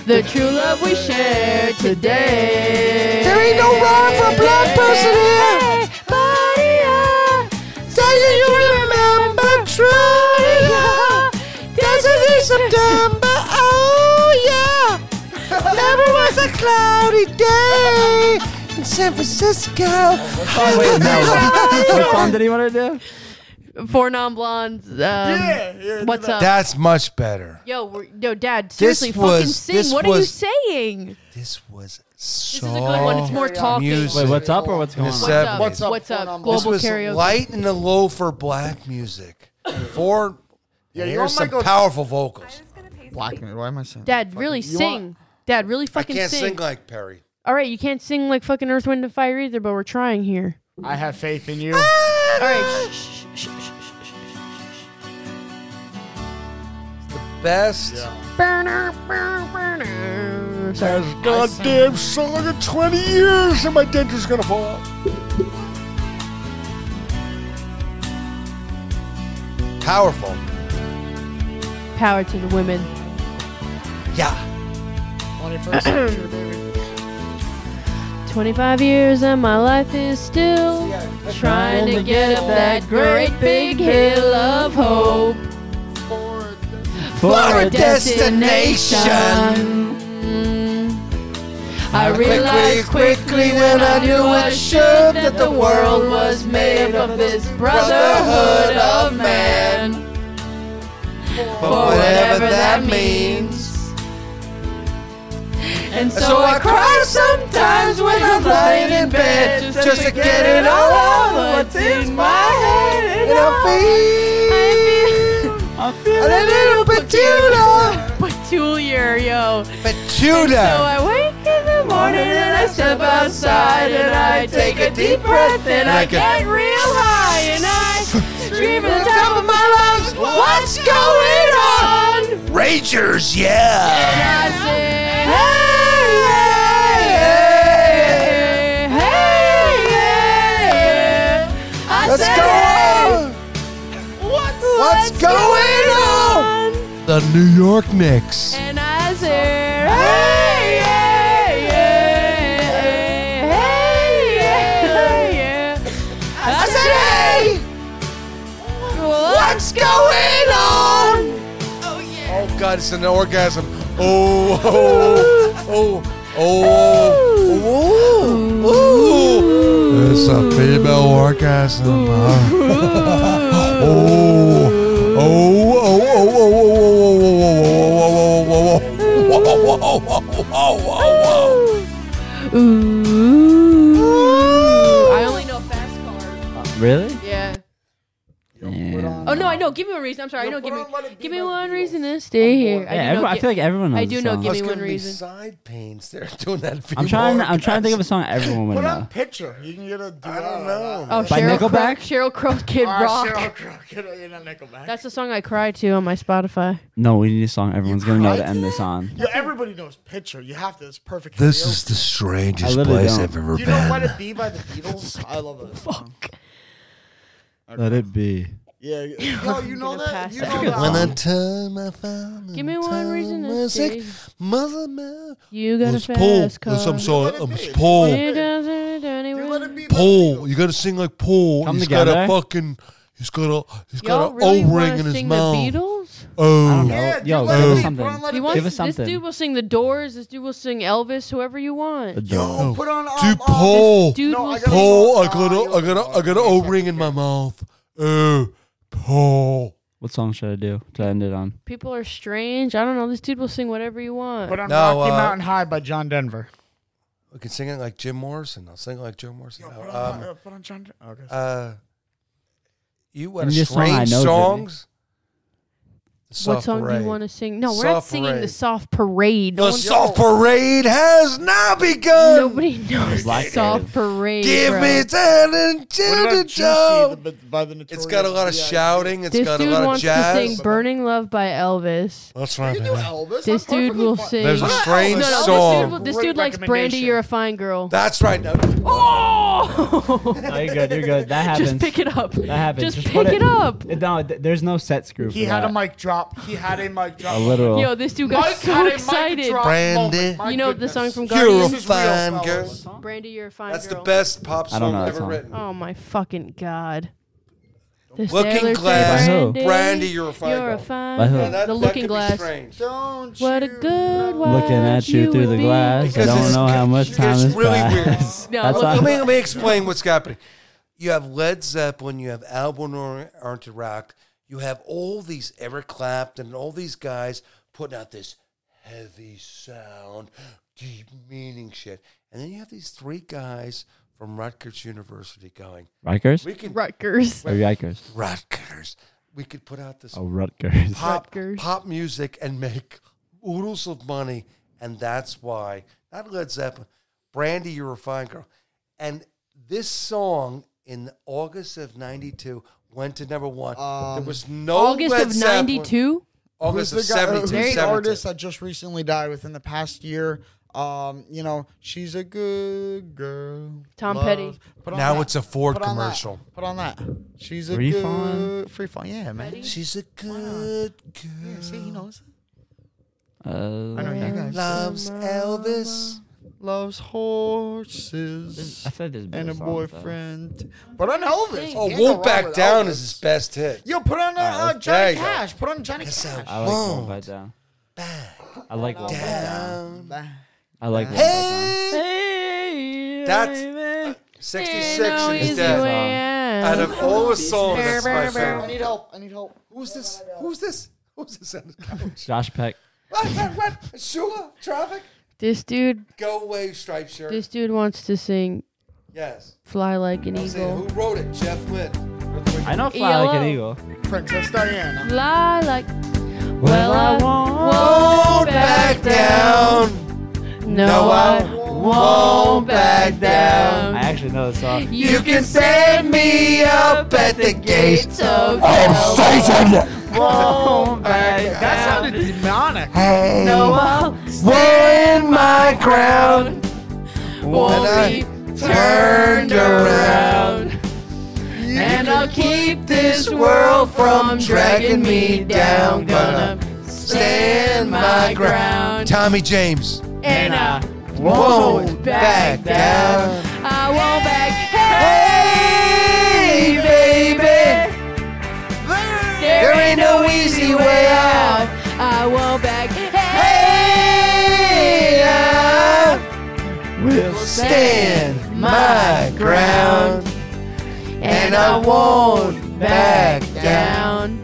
[SPEAKER 1] the true love we shared today.
[SPEAKER 3] There ain't no rhyme for a black person here.
[SPEAKER 1] Maria,
[SPEAKER 3] Say you remember Tria. Dances in September. Oh yeah. Never was a cloudy day in San Francisco.
[SPEAKER 2] Oh, wait, no. what song did he want to do?
[SPEAKER 1] Four non blondes. Um, what's up?
[SPEAKER 3] That's much better.
[SPEAKER 1] Yo, we're, yo, Dad, seriously, fucking
[SPEAKER 3] was-
[SPEAKER 1] sing.
[SPEAKER 3] this
[SPEAKER 1] What
[SPEAKER 3] was-
[SPEAKER 1] are you saying?
[SPEAKER 3] This was
[SPEAKER 1] This
[SPEAKER 3] so
[SPEAKER 1] is a good one. It's more talking.
[SPEAKER 3] music.
[SPEAKER 2] Wait, what's up or what's going
[SPEAKER 3] This
[SPEAKER 2] on?
[SPEAKER 3] is-
[SPEAKER 1] What's up?
[SPEAKER 3] What's
[SPEAKER 4] up?
[SPEAKER 1] What's up?
[SPEAKER 4] This
[SPEAKER 3] this
[SPEAKER 1] Global
[SPEAKER 3] was
[SPEAKER 1] karaoke.
[SPEAKER 3] light and the low for black music. For yeah,
[SPEAKER 4] you
[SPEAKER 3] here's
[SPEAKER 4] want
[SPEAKER 3] some
[SPEAKER 4] Michael-
[SPEAKER 3] powerful vocals.
[SPEAKER 4] Black man. Why am I saying?
[SPEAKER 1] Dad, really sing. Dad, really
[SPEAKER 3] I
[SPEAKER 1] fucking
[SPEAKER 3] can't
[SPEAKER 1] sing.
[SPEAKER 3] sing like Perry.
[SPEAKER 1] All right, you can't sing like fucking Earth, Wind, and Fire either, but we're trying here.
[SPEAKER 4] I have faith in you.
[SPEAKER 3] Ah,
[SPEAKER 1] All right. shh, shh, shh, shh, shh, shh, shh.
[SPEAKER 3] Best.
[SPEAKER 1] Sorry.
[SPEAKER 3] goddamn song in 20 years and my denture's gonna fall out. Powerful.
[SPEAKER 1] Power to the women.
[SPEAKER 3] Yeah.
[SPEAKER 4] 21st century, baby.
[SPEAKER 1] 25 years and my life is still trying to get up that great big hill of hope.
[SPEAKER 3] For a
[SPEAKER 1] Mm. I realized quickly when I knew I should that the world was made up of this brotherhood of man. For whatever that means. And so I cry sometimes when I'm lying in bed just to get it all out what's in my head. And I feel
[SPEAKER 2] I feel
[SPEAKER 3] A little petuda.
[SPEAKER 1] peculiar, yo. So
[SPEAKER 3] Petuda.
[SPEAKER 1] I wake in the morning and I step outside and I take a deep breath and I get real high and I scream at the top of my lungs, What's going on?
[SPEAKER 3] Ragers, yeah.
[SPEAKER 1] And I say, Hey, hey, hey, hey, hey. I
[SPEAKER 3] Let's
[SPEAKER 1] say,
[SPEAKER 3] go
[SPEAKER 1] "Hey,
[SPEAKER 3] on. What's, going on?
[SPEAKER 6] The New York Knicks.
[SPEAKER 1] And I said, hey, yeah, yeah, yeah, hey, yeah, yeah. I said, hey, what's going on?
[SPEAKER 3] Oh God, it's an orgasm. Oh, oh, oh, oh, oh,
[SPEAKER 6] It's a female orgasm. oh, oh, oh, oh, oh, oh, oh, oh, oh, oh, oh, oh,
[SPEAKER 1] Ooh. I only know fast card.
[SPEAKER 2] Really?
[SPEAKER 1] Yeah.
[SPEAKER 2] Yeah.
[SPEAKER 1] Oh no, I know. Give me one reason. I'm sorry. I know. Give me. Give me one reason to
[SPEAKER 7] Oh,
[SPEAKER 1] stay here. I,
[SPEAKER 2] Yeah,
[SPEAKER 1] do know,
[SPEAKER 2] everyone- I
[SPEAKER 1] gi-
[SPEAKER 2] feel like everyone knows
[SPEAKER 1] I
[SPEAKER 2] the
[SPEAKER 1] do know.
[SPEAKER 2] song.
[SPEAKER 1] Give
[SPEAKER 2] It's
[SPEAKER 1] me one
[SPEAKER 3] gonna be
[SPEAKER 1] reason.
[SPEAKER 3] Side pains. They're doing that.
[SPEAKER 2] I'm trying. I'm trying to think of a song everyone would
[SPEAKER 7] Put on
[SPEAKER 2] know.
[SPEAKER 7] picture. You can get a. I
[SPEAKER 3] don't know.
[SPEAKER 1] Oh,
[SPEAKER 2] By
[SPEAKER 1] Cheryl Crow,
[SPEAKER 2] Nickelback?
[SPEAKER 1] Cheryl Crow, Kid Rock.
[SPEAKER 7] Cheryl Crow, get a- in a Nickelback.
[SPEAKER 1] That's the song I cry to on my Spotify.
[SPEAKER 2] No, we need a song everyone's gonna know to end this on.
[SPEAKER 7] Yeah, everybody knows picture. You have to. It's perfect. for
[SPEAKER 6] This
[SPEAKER 7] you.
[SPEAKER 6] is the
[SPEAKER 2] I
[SPEAKER 6] strangest
[SPEAKER 2] literally
[SPEAKER 6] place
[SPEAKER 2] don't.
[SPEAKER 6] I've ever
[SPEAKER 7] You know Let
[SPEAKER 6] been.
[SPEAKER 7] It Be by the Beatles? I love that song.
[SPEAKER 2] Let it be.
[SPEAKER 7] Yeah. Yo, you know
[SPEAKER 1] gonna
[SPEAKER 7] that?
[SPEAKER 1] pass
[SPEAKER 7] You
[SPEAKER 1] that.
[SPEAKER 7] know
[SPEAKER 1] Good
[SPEAKER 7] that?
[SPEAKER 6] When I
[SPEAKER 7] song.
[SPEAKER 6] turn my phone
[SPEAKER 1] Give me one reason to
[SPEAKER 6] music,
[SPEAKER 1] stay.
[SPEAKER 6] mother man.
[SPEAKER 1] You got a
[SPEAKER 6] It's Paul.
[SPEAKER 1] fast car.
[SPEAKER 6] It's- I'm sorry.
[SPEAKER 7] Let it
[SPEAKER 6] I'm
[SPEAKER 7] be.
[SPEAKER 6] it's Paul.
[SPEAKER 1] It doesn't do any
[SPEAKER 7] Dude, Let It
[SPEAKER 1] wrong.
[SPEAKER 7] Be by the
[SPEAKER 6] Paul.
[SPEAKER 7] Beatles.
[SPEAKER 6] You got to sing like Paul.
[SPEAKER 2] Come
[SPEAKER 6] He's got
[SPEAKER 2] together.
[SPEAKER 6] a fucking. He's got a. He's got
[SPEAKER 1] Y'all
[SPEAKER 6] an
[SPEAKER 1] really
[SPEAKER 6] O ring
[SPEAKER 1] want
[SPEAKER 6] in
[SPEAKER 1] to
[SPEAKER 6] his
[SPEAKER 1] sing the
[SPEAKER 6] mouth.
[SPEAKER 1] Beatles?
[SPEAKER 2] I don't know.
[SPEAKER 6] Oh.
[SPEAKER 7] Yeah,
[SPEAKER 2] Yo,
[SPEAKER 7] dude,
[SPEAKER 2] give
[SPEAKER 7] let it
[SPEAKER 2] us
[SPEAKER 7] be.
[SPEAKER 2] something.
[SPEAKER 7] Put on Let It
[SPEAKER 1] He
[SPEAKER 7] Be.
[SPEAKER 1] wants
[SPEAKER 2] Give us
[SPEAKER 1] this
[SPEAKER 2] something.
[SPEAKER 1] dude will sing The Doors. This dude will sing Elvis. Whoever you want.
[SPEAKER 2] Adore.
[SPEAKER 7] Put on. Um,
[SPEAKER 6] Dude,
[SPEAKER 7] um,
[SPEAKER 3] Oh,
[SPEAKER 6] Paul.
[SPEAKER 1] Dude
[SPEAKER 7] No,
[SPEAKER 1] will
[SPEAKER 7] I
[SPEAKER 1] sing.
[SPEAKER 7] gotta-
[SPEAKER 6] Paul, I
[SPEAKER 7] Oh,
[SPEAKER 6] got
[SPEAKER 7] you
[SPEAKER 6] a, I got a, I got an O ring in my mouth. Oh, Paul.
[SPEAKER 2] What song should I do to end it on?
[SPEAKER 1] People are strange. I don't know. This dude will sing whatever you want.
[SPEAKER 7] Put on
[SPEAKER 3] No,
[SPEAKER 7] Rocky
[SPEAKER 3] uh,
[SPEAKER 7] Mountain High by John Denver.
[SPEAKER 3] We can sing it like Jim Morrison. I'll sing it like Jim Morrison. No,
[SPEAKER 7] Put
[SPEAKER 3] um,
[SPEAKER 7] on, uh, put on John Denver. Okay.
[SPEAKER 3] uh, you
[SPEAKER 2] Give
[SPEAKER 3] want
[SPEAKER 2] me a
[SPEAKER 3] to
[SPEAKER 2] song I
[SPEAKER 3] strange
[SPEAKER 2] know, Jimmy.
[SPEAKER 3] songs?
[SPEAKER 1] what song do you want to sing? No, we're not
[SPEAKER 3] Soft
[SPEAKER 1] singing the
[SPEAKER 3] Parade.
[SPEAKER 1] soft parade. No
[SPEAKER 6] The
[SPEAKER 1] one-
[SPEAKER 6] soft parade has now begun.
[SPEAKER 1] Nobody knows
[SPEAKER 2] Like
[SPEAKER 1] soft
[SPEAKER 2] it.
[SPEAKER 1] parade.
[SPEAKER 6] Give
[SPEAKER 1] bro.
[SPEAKER 6] me ten and
[SPEAKER 7] What
[SPEAKER 6] ten
[SPEAKER 7] about
[SPEAKER 6] and
[SPEAKER 7] Juicy
[SPEAKER 6] Joe.
[SPEAKER 7] the, b- by the
[SPEAKER 3] It's got a lot of
[SPEAKER 7] Notorious
[SPEAKER 3] shouting. It's
[SPEAKER 1] This
[SPEAKER 3] got a
[SPEAKER 1] dude
[SPEAKER 3] lot of
[SPEAKER 1] wants to
[SPEAKER 3] jazz.
[SPEAKER 1] sing "Burning Love" by Elvis.
[SPEAKER 6] That's
[SPEAKER 7] B.I.G.
[SPEAKER 6] right.
[SPEAKER 7] You can do Elvis.
[SPEAKER 1] This
[SPEAKER 7] I'm
[SPEAKER 1] dude will
[SPEAKER 7] perfectly
[SPEAKER 1] sing.
[SPEAKER 3] There's a
[SPEAKER 1] No, no,
[SPEAKER 3] strange
[SPEAKER 1] this
[SPEAKER 3] song.
[SPEAKER 1] dude, will- this
[SPEAKER 7] Great
[SPEAKER 1] dude likes "Brandy,
[SPEAKER 7] recommendation.
[SPEAKER 1] You're a Fine Girl."
[SPEAKER 3] That's right. No,
[SPEAKER 1] Oh!
[SPEAKER 2] Oh, you're good. You're good. That happens.
[SPEAKER 1] Just pick it up.
[SPEAKER 2] That happens.
[SPEAKER 1] Just,
[SPEAKER 2] put
[SPEAKER 1] pick it, up.
[SPEAKER 2] No, th- there's no set screw.
[SPEAKER 7] fine.
[SPEAKER 2] for
[SPEAKER 7] He had
[SPEAKER 2] that.
[SPEAKER 7] a mic drop. He had a mic drop.
[SPEAKER 2] A literal.
[SPEAKER 1] Yo, this dude got
[SPEAKER 7] Mike
[SPEAKER 1] so
[SPEAKER 7] had a
[SPEAKER 1] excited.
[SPEAKER 7] Mic drop
[SPEAKER 6] Brandy.
[SPEAKER 7] moment. My
[SPEAKER 1] You know
[SPEAKER 7] goodness.
[SPEAKER 1] the song from
[SPEAKER 6] You're a
[SPEAKER 1] Guardians?
[SPEAKER 7] This is real,
[SPEAKER 6] fine
[SPEAKER 7] fellas.
[SPEAKER 6] girl.
[SPEAKER 1] Brandy, you're a fine
[SPEAKER 3] that's the
[SPEAKER 1] girl.
[SPEAKER 3] best pop
[SPEAKER 2] I don't
[SPEAKER 3] song
[SPEAKER 2] know that
[SPEAKER 3] ever
[SPEAKER 2] song.
[SPEAKER 3] written.
[SPEAKER 1] Oh my fucking god. The
[SPEAKER 3] Looking
[SPEAKER 1] sailor
[SPEAKER 3] Glass.
[SPEAKER 1] said,
[SPEAKER 2] By who?
[SPEAKER 3] Brandy, you're a fine
[SPEAKER 1] You're a
[SPEAKER 3] girl."
[SPEAKER 1] fine
[SPEAKER 2] By who?
[SPEAKER 1] girl.
[SPEAKER 2] Yeah,
[SPEAKER 3] that,
[SPEAKER 1] the
[SPEAKER 3] that
[SPEAKER 1] Looking
[SPEAKER 3] could Be
[SPEAKER 1] Glass.
[SPEAKER 3] strange.
[SPEAKER 7] Don't
[SPEAKER 1] What a
[SPEAKER 7] you
[SPEAKER 1] good
[SPEAKER 7] know-
[SPEAKER 1] wife
[SPEAKER 2] Looking at you through the
[SPEAKER 1] would be.
[SPEAKER 2] glass. I
[SPEAKER 3] Because
[SPEAKER 2] don't
[SPEAKER 3] it's-
[SPEAKER 2] know how much
[SPEAKER 3] it's
[SPEAKER 2] time has
[SPEAKER 3] really weird.
[SPEAKER 2] passed.
[SPEAKER 1] No,
[SPEAKER 2] That's
[SPEAKER 1] look-
[SPEAKER 2] not-
[SPEAKER 3] Let me, let me explain what's happening. You have Led Zeppelin, you have Alvin Aren't Rock, you have all these Eric Clapton, and all these guys putting out this heavy sound, deep meaning shit. And then you have these three guys from Rutgers University going,
[SPEAKER 2] Rutgers?
[SPEAKER 3] we can
[SPEAKER 1] Rutgers.
[SPEAKER 2] Or Rutgers?
[SPEAKER 3] Rutgers, we could put out this
[SPEAKER 2] Oh, Rutgers.
[SPEAKER 3] pop
[SPEAKER 1] Rutgers.
[SPEAKER 3] pop music and make oodles of money, and that's why not Led Zeppelin, Brandy, you're a fine girl, and this song in August of '92 went to number one. there was no
[SPEAKER 1] August
[SPEAKER 3] Led
[SPEAKER 1] of
[SPEAKER 3] Zeppelin-
[SPEAKER 1] 92?
[SPEAKER 3] August of
[SPEAKER 4] Um, Who's the guy-
[SPEAKER 3] '72.
[SPEAKER 4] Who's the
[SPEAKER 3] 72.
[SPEAKER 4] artist that just recently died within the past year? Um, you know, she's a good girl.
[SPEAKER 1] Tom
[SPEAKER 4] Love.
[SPEAKER 1] Petty.
[SPEAKER 4] Put on
[SPEAKER 3] Now
[SPEAKER 4] that.
[SPEAKER 3] it's a Ford
[SPEAKER 4] Put on that.
[SPEAKER 3] commercial.
[SPEAKER 4] Put on that. She's a
[SPEAKER 2] Free
[SPEAKER 4] good
[SPEAKER 2] Fallin'?
[SPEAKER 4] free fall. Yeah, man.
[SPEAKER 3] She's a good
[SPEAKER 4] Yeah, see, he
[SPEAKER 3] girl.
[SPEAKER 4] knows.
[SPEAKER 2] Uh,
[SPEAKER 4] I know you guys.
[SPEAKER 3] Loves Elvis.
[SPEAKER 4] Loves horses
[SPEAKER 2] I feel like there's better
[SPEAKER 4] and a
[SPEAKER 2] songs, though.
[SPEAKER 4] boyfriend. But on Elvis.
[SPEAKER 1] Sing.
[SPEAKER 3] Oh,
[SPEAKER 4] Can't go
[SPEAKER 3] Won't
[SPEAKER 4] wrong
[SPEAKER 3] Back
[SPEAKER 4] with
[SPEAKER 3] Down
[SPEAKER 4] Elvis.
[SPEAKER 3] is his best hit.
[SPEAKER 4] Yo, put on uh, uh,
[SPEAKER 3] let's- there
[SPEAKER 4] Johnny
[SPEAKER 3] you go.
[SPEAKER 4] Cash. Put on Johnny
[SPEAKER 3] That's
[SPEAKER 4] Cash.
[SPEAKER 2] I like Won't
[SPEAKER 3] Won't
[SPEAKER 2] Bite Down. I like Won't Bite Down.
[SPEAKER 3] Down.
[SPEAKER 2] I like Won't Bite
[SPEAKER 3] Hey,
[SPEAKER 1] Hey,
[SPEAKER 3] That's-
[SPEAKER 1] baby.
[SPEAKER 3] 66
[SPEAKER 1] Ain't no
[SPEAKER 3] and he's
[SPEAKER 1] easy
[SPEAKER 3] dead.
[SPEAKER 1] way
[SPEAKER 3] Out
[SPEAKER 1] out.
[SPEAKER 3] of all the songs, that's my
[SPEAKER 4] I
[SPEAKER 3] favorite.
[SPEAKER 4] need help. I need help.
[SPEAKER 3] Who's this? Who's this? Who's this on the couch?
[SPEAKER 2] Down. Josh Peck.
[SPEAKER 3] what? What? What? Shula? Traffic?
[SPEAKER 1] This dude,
[SPEAKER 3] Go away, striped shirt.
[SPEAKER 1] this dude wants to sing
[SPEAKER 3] yes.
[SPEAKER 1] "Fly Like an
[SPEAKER 3] I'm saying,
[SPEAKER 1] Eagle."
[SPEAKER 3] who wrote it? Jeff Lynn.
[SPEAKER 2] I know Fly Like an
[SPEAKER 1] ELO.
[SPEAKER 2] Eagle.
[SPEAKER 4] Princess Diana.
[SPEAKER 1] Fly like
[SPEAKER 2] Well, I
[SPEAKER 1] won't back down. No, I won't back
[SPEAKER 2] I
[SPEAKER 1] down.
[SPEAKER 2] actually know the song.
[SPEAKER 1] You can send me up at the gates of hell. Won't back down.
[SPEAKER 4] demonic.
[SPEAKER 1] No, I'll stand my ground. Won't be turned around. And I'll keep this world from dragging me down. Gonna
[SPEAKER 3] stand my ground. Tommy James.
[SPEAKER 1] And I
[SPEAKER 3] won't back down.
[SPEAKER 1] I won't back.
[SPEAKER 3] Hey, baby. There ain't no easy way out.
[SPEAKER 1] I won't back.
[SPEAKER 3] Hey, I will stand my ground. And I won't back down.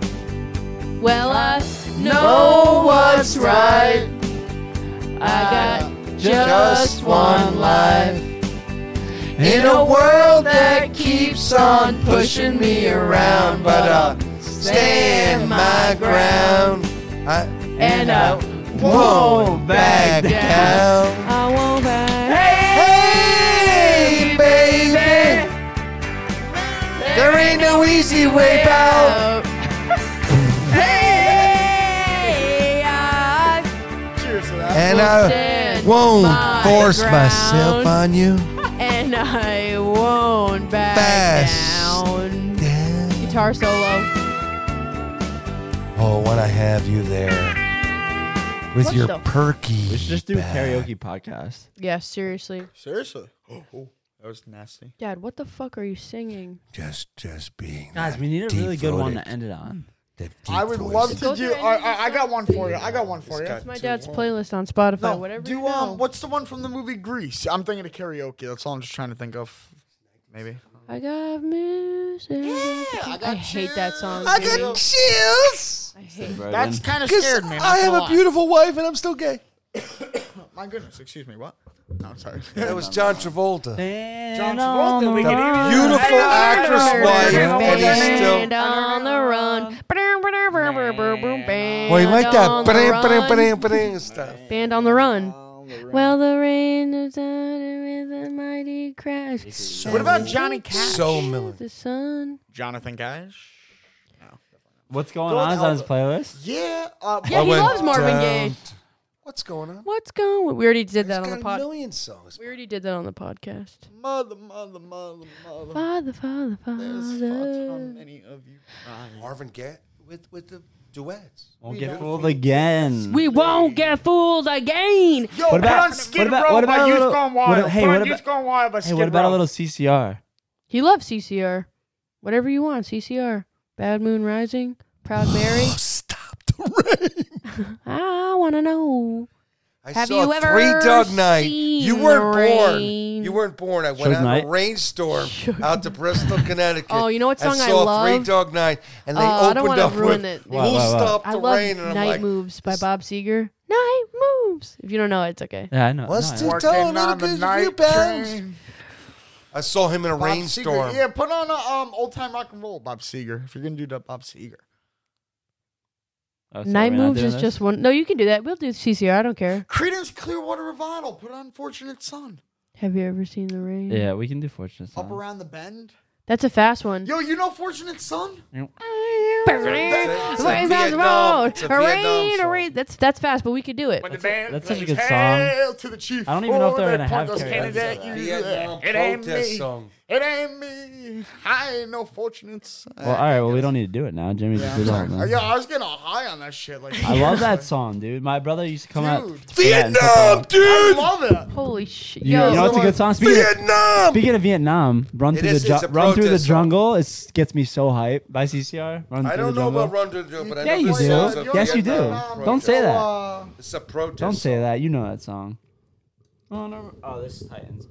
[SPEAKER 1] Well, I
[SPEAKER 3] know Oh, what's right.
[SPEAKER 1] I
[SPEAKER 3] got just one life. In a world that keeps on pushing me around, but uh, I'll stand my ground. I,
[SPEAKER 1] And I
[SPEAKER 3] won't back down.
[SPEAKER 1] I won't back.
[SPEAKER 3] Hey, baby, there ain't no easy way out.
[SPEAKER 1] uh, Hey, I
[SPEAKER 14] Cheers to that.
[SPEAKER 1] will
[SPEAKER 3] And I
[SPEAKER 1] stand
[SPEAKER 3] won't
[SPEAKER 1] my
[SPEAKER 3] force
[SPEAKER 1] ground.
[SPEAKER 3] myself on you.
[SPEAKER 1] and I won't back
[SPEAKER 3] Fast.
[SPEAKER 1] down. Guitar solo.
[SPEAKER 3] Oh, when I have you there with
[SPEAKER 1] What
[SPEAKER 3] your
[SPEAKER 1] the-
[SPEAKER 3] perky.
[SPEAKER 2] We should just do a
[SPEAKER 3] back.
[SPEAKER 2] karaoke podcast.
[SPEAKER 1] Yeah, seriously.
[SPEAKER 4] Seriously. Oh, oh, that was nasty.
[SPEAKER 1] Dad, what the fuck are you singing?
[SPEAKER 3] Just, just being.
[SPEAKER 2] Guys,
[SPEAKER 3] that
[SPEAKER 2] we need a really good one
[SPEAKER 3] deep-throated-
[SPEAKER 2] to end it on.
[SPEAKER 3] that deep
[SPEAKER 4] I would
[SPEAKER 3] voice.
[SPEAKER 4] love
[SPEAKER 1] Go
[SPEAKER 4] to do.
[SPEAKER 1] through
[SPEAKER 4] I,
[SPEAKER 1] any of
[SPEAKER 4] I, I got one for you. I got one for you.
[SPEAKER 1] It's my dad's playlist on Spotify.
[SPEAKER 4] No,
[SPEAKER 1] whatever.
[SPEAKER 4] do
[SPEAKER 1] you know.
[SPEAKER 4] um, what's the one from the movie Grease? I'm thinking of karaoke. That's all I'm just trying to think of. Maybe.
[SPEAKER 1] I got music. I, hate that song.
[SPEAKER 3] I
[SPEAKER 1] dude.
[SPEAKER 3] got chills.
[SPEAKER 1] I hate.
[SPEAKER 4] That's kind of
[SPEAKER 3] Because
[SPEAKER 4] scared me.
[SPEAKER 3] I have a beautiful wife and I'm still gay.
[SPEAKER 4] My goodness. Excuse me. What? No, sorry.
[SPEAKER 3] That was John Travolta.
[SPEAKER 2] John
[SPEAKER 14] Travolta, we can
[SPEAKER 3] Beautiful actress wife and he's
[SPEAKER 1] Band
[SPEAKER 3] still.
[SPEAKER 1] on the run. Band
[SPEAKER 3] Well, you like
[SPEAKER 1] on
[SPEAKER 3] that?
[SPEAKER 1] the
[SPEAKER 3] Ba-ding, ba-ding,
[SPEAKER 1] run.
[SPEAKER 3] ba-ding, ba-ding stuff.
[SPEAKER 1] Band on the run. Well, the rain is down with a mighty crash.
[SPEAKER 4] What about Johnny Cash?
[SPEAKER 3] So Miller.
[SPEAKER 1] The sun.
[SPEAKER 4] Jonathan Cash.
[SPEAKER 2] What's going on is on his playlist?
[SPEAKER 4] Yeah. Uh,
[SPEAKER 1] Yeah, he loves Marvin Gaye.
[SPEAKER 3] What's going on?
[SPEAKER 1] What's going? We already did that
[SPEAKER 3] He's
[SPEAKER 1] on the
[SPEAKER 3] got a
[SPEAKER 1] pod.
[SPEAKER 3] million songs.
[SPEAKER 1] We already did that on the podcast.
[SPEAKER 4] Mother, mother, mother, mother.
[SPEAKER 1] Father, father,
[SPEAKER 4] There's thoughts
[SPEAKER 1] father.
[SPEAKER 4] from many of you.
[SPEAKER 15] Marvin Gaye with with the duets.
[SPEAKER 3] Oh,
[SPEAKER 2] Won't get fooled again.
[SPEAKER 1] We won't get fooled again.
[SPEAKER 4] Yo,
[SPEAKER 2] What about-
[SPEAKER 4] put on
[SPEAKER 2] what
[SPEAKER 4] Skid
[SPEAKER 2] about-
[SPEAKER 4] Row
[SPEAKER 2] what
[SPEAKER 4] by
[SPEAKER 2] about a
[SPEAKER 4] Youth
[SPEAKER 2] little-
[SPEAKER 4] Gone
[SPEAKER 2] what
[SPEAKER 4] Wild.
[SPEAKER 2] a- hey,
[SPEAKER 4] Put
[SPEAKER 2] what
[SPEAKER 4] on Youth
[SPEAKER 2] about-
[SPEAKER 4] Gone Wild by
[SPEAKER 2] Hey,
[SPEAKER 4] Skid
[SPEAKER 2] what about
[SPEAKER 4] Row.
[SPEAKER 2] a little CCR?
[SPEAKER 1] He loves CCR. Whatever you want, CCR. Bad Moon Rising, Proud Mary.
[SPEAKER 3] Stop the rain.
[SPEAKER 1] I want to know.
[SPEAKER 3] I
[SPEAKER 1] Have
[SPEAKER 3] saw
[SPEAKER 1] you ever
[SPEAKER 3] three Doug Knight.
[SPEAKER 1] seen
[SPEAKER 3] You weren't
[SPEAKER 1] the
[SPEAKER 3] born.
[SPEAKER 1] rain?
[SPEAKER 3] You weren't born. I went
[SPEAKER 2] Suge
[SPEAKER 3] out
[SPEAKER 2] Knight?
[SPEAKER 3] in a rainstorm out to Bristol, Connecticut.
[SPEAKER 1] Oh, you know what song
[SPEAKER 3] and
[SPEAKER 1] I
[SPEAKER 3] saw Three
[SPEAKER 1] love?
[SPEAKER 3] Dog Night, and they
[SPEAKER 1] Oh, I don't
[SPEAKER 3] opened
[SPEAKER 1] wanna
[SPEAKER 3] up
[SPEAKER 1] ruin
[SPEAKER 3] with
[SPEAKER 1] it.
[SPEAKER 3] "Who'll
[SPEAKER 2] Wow, wow, wow.
[SPEAKER 3] Stop
[SPEAKER 1] I
[SPEAKER 3] the
[SPEAKER 1] love
[SPEAKER 3] Rain," and I'm
[SPEAKER 1] Night
[SPEAKER 3] like,
[SPEAKER 1] Moves by Bob Seger. Night Moves. If you don't know it, it's okay.
[SPEAKER 2] Yeah, I know.
[SPEAKER 3] "What's
[SPEAKER 2] no, I
[SPEAKER 3] too
[SPEAKER 2] know.
[SPEAKER 4] Working
[SPEAKER 3] tall? Little
[SPEAKER 4] on the
[SPEAKER 3] good, a few
[SPEAKER 4] night
[SPEAKER 3] pounds."
[SPEAKER 4] train.
[SPEAKER 3] I saw him in a
[SPEAKER 4] Bob
[SPEAKER 3] rainstorm.
[SPEAKER 4] Seger. Yeah, put on a um old time rock and roll, Bob Seger. If you're gonna do that, Bob Seger.
[SPEAKER 2] Oh, sorry,
[SPEAKER 1] Night
[SPEAKER 2] we're not
[SPEAKER 1] Moves
[SPEAKER 2] doing
[SPEAKER 1] is
[SPEAKER 2] this?
[SPEAKER 1] just one. No, you can do that. We'll do CCR. I don't care.
[SPEAKER 4] Credence Clearwater Revival. Put on Fortunate Son.
[SPEAKER 1] Have you ever seen the rain?
[SPEAKER 2] Yeah, we can do Fortunate
[SPEAKER 4] Up
[SPEAKER 2] Son.
[SPEAKER 4] around the bend.
[SPEAKER 1] That's a fast one.
[SPEAKER 4] Yo, you know Fortunate Son?
[SPEAKER 3] It's a Vietnam- it's a Vietnam song.
[SPEAKER 1] That's that's fast, but we could do it.
[SPEAKER 14] When the band
[SPEAKER 2] that's such a
[SPEAKER 14] plays
[SPEAKER 2] good
[SPEAKER 14] Hail
[SPEAKER 4] Hail to the chief.
[SPEAKER 2] I don't even know if
[SPEAKER 4] Oh,
[SPEAKER 2] they're
[SPEAKER 4] they
[SPEAKER 2] gonna
[SPEAKER 4] point
[SPEAKER 2] have
[SPEAKER 4] those
[SPEAKER 2] karaoke.
[SPEAKER 4] cannons at you.
[SPEAKER 3] Vietnam
[SPEAKER 4] It ain't
[SPEAKER 3] protest
[SPEAKER 4] me.
[SPEAKER 3] song.
[SPEAKER 4] It ain't me. I ain't no Fortunate Son.
[SPEAKER 2] Well, all right. Well, we don't need to do it now. Jimmy just
[SPEAKER 4] Yeah,
[SPEAKER 2] did
[SPEAKER 4] I'm
[SPEAKER 2] all
[SPEAKER 4] sorry.
[SPEAKER 2] that.
[SPEAKER 4] Yeah, I was getting all high on that shit. Like
[SPEAKER 2] I love that song, dude. My brother used to come out.
[SPEAKER 4] Dude.
[SPEAKER 2] to that and put
[SPEAKER 3] Vietnam,
[SPEAKER 2] that-
[SPEAKER 4] I
[SPEAKER 3] dude.
[SPEAKER 4] love it.
[SPEAKER 1] Holy shit!
[SPEAKER 2] You, you know it's a good song. Speaking of,
[SPEAKER 3] Vietnam.
[SPEAKER 2] speaking of Vietnam, run
[SPEAKER 3] It
[SPEAKER 2] through
[SPEAKER 3] is-
[SPEAKER 2] the
[SPEAKER 3] it's a
[SPEAKER 2] ju- run through the
[SPEAKER 3] protest song.
[SPEAKER 2] jungle. It gets me so hyped by CCR. Run
[SPEAKER 3] I
[SPEAKER 2] through
[SPEAKER 3] don't
[SPEAKER 2] the
[SPEAKER 3] know
[SPEAKER 2] jungle.
[SPEAKER 3] about Run to the Jungle, but I
[SPEAKER 2] Yeah,
[SPEAKER 3] know
[SPEAKER 2] you
[SPEAKER 3] the
[SPEAKER 2] do.
[SPEAKER 3] songs
[SPEAKER 4] uh,
[SPEAKER 3] of
[SPEAKER 2] Yes, you do.
[SPEAKER 3] Vietnam
[SPEAKER 2] Don't
[SPEAKER 4] um,
[SPEAKER 3] protest.
[SPEAKER 2] say that.
[SPEAKER 3] It's a protest.
[SPEAKER 2] Don't say
[SPEAKER 3] song.
[SPEAKER 2] that. You know that song. Oh, no. oh this is Titans.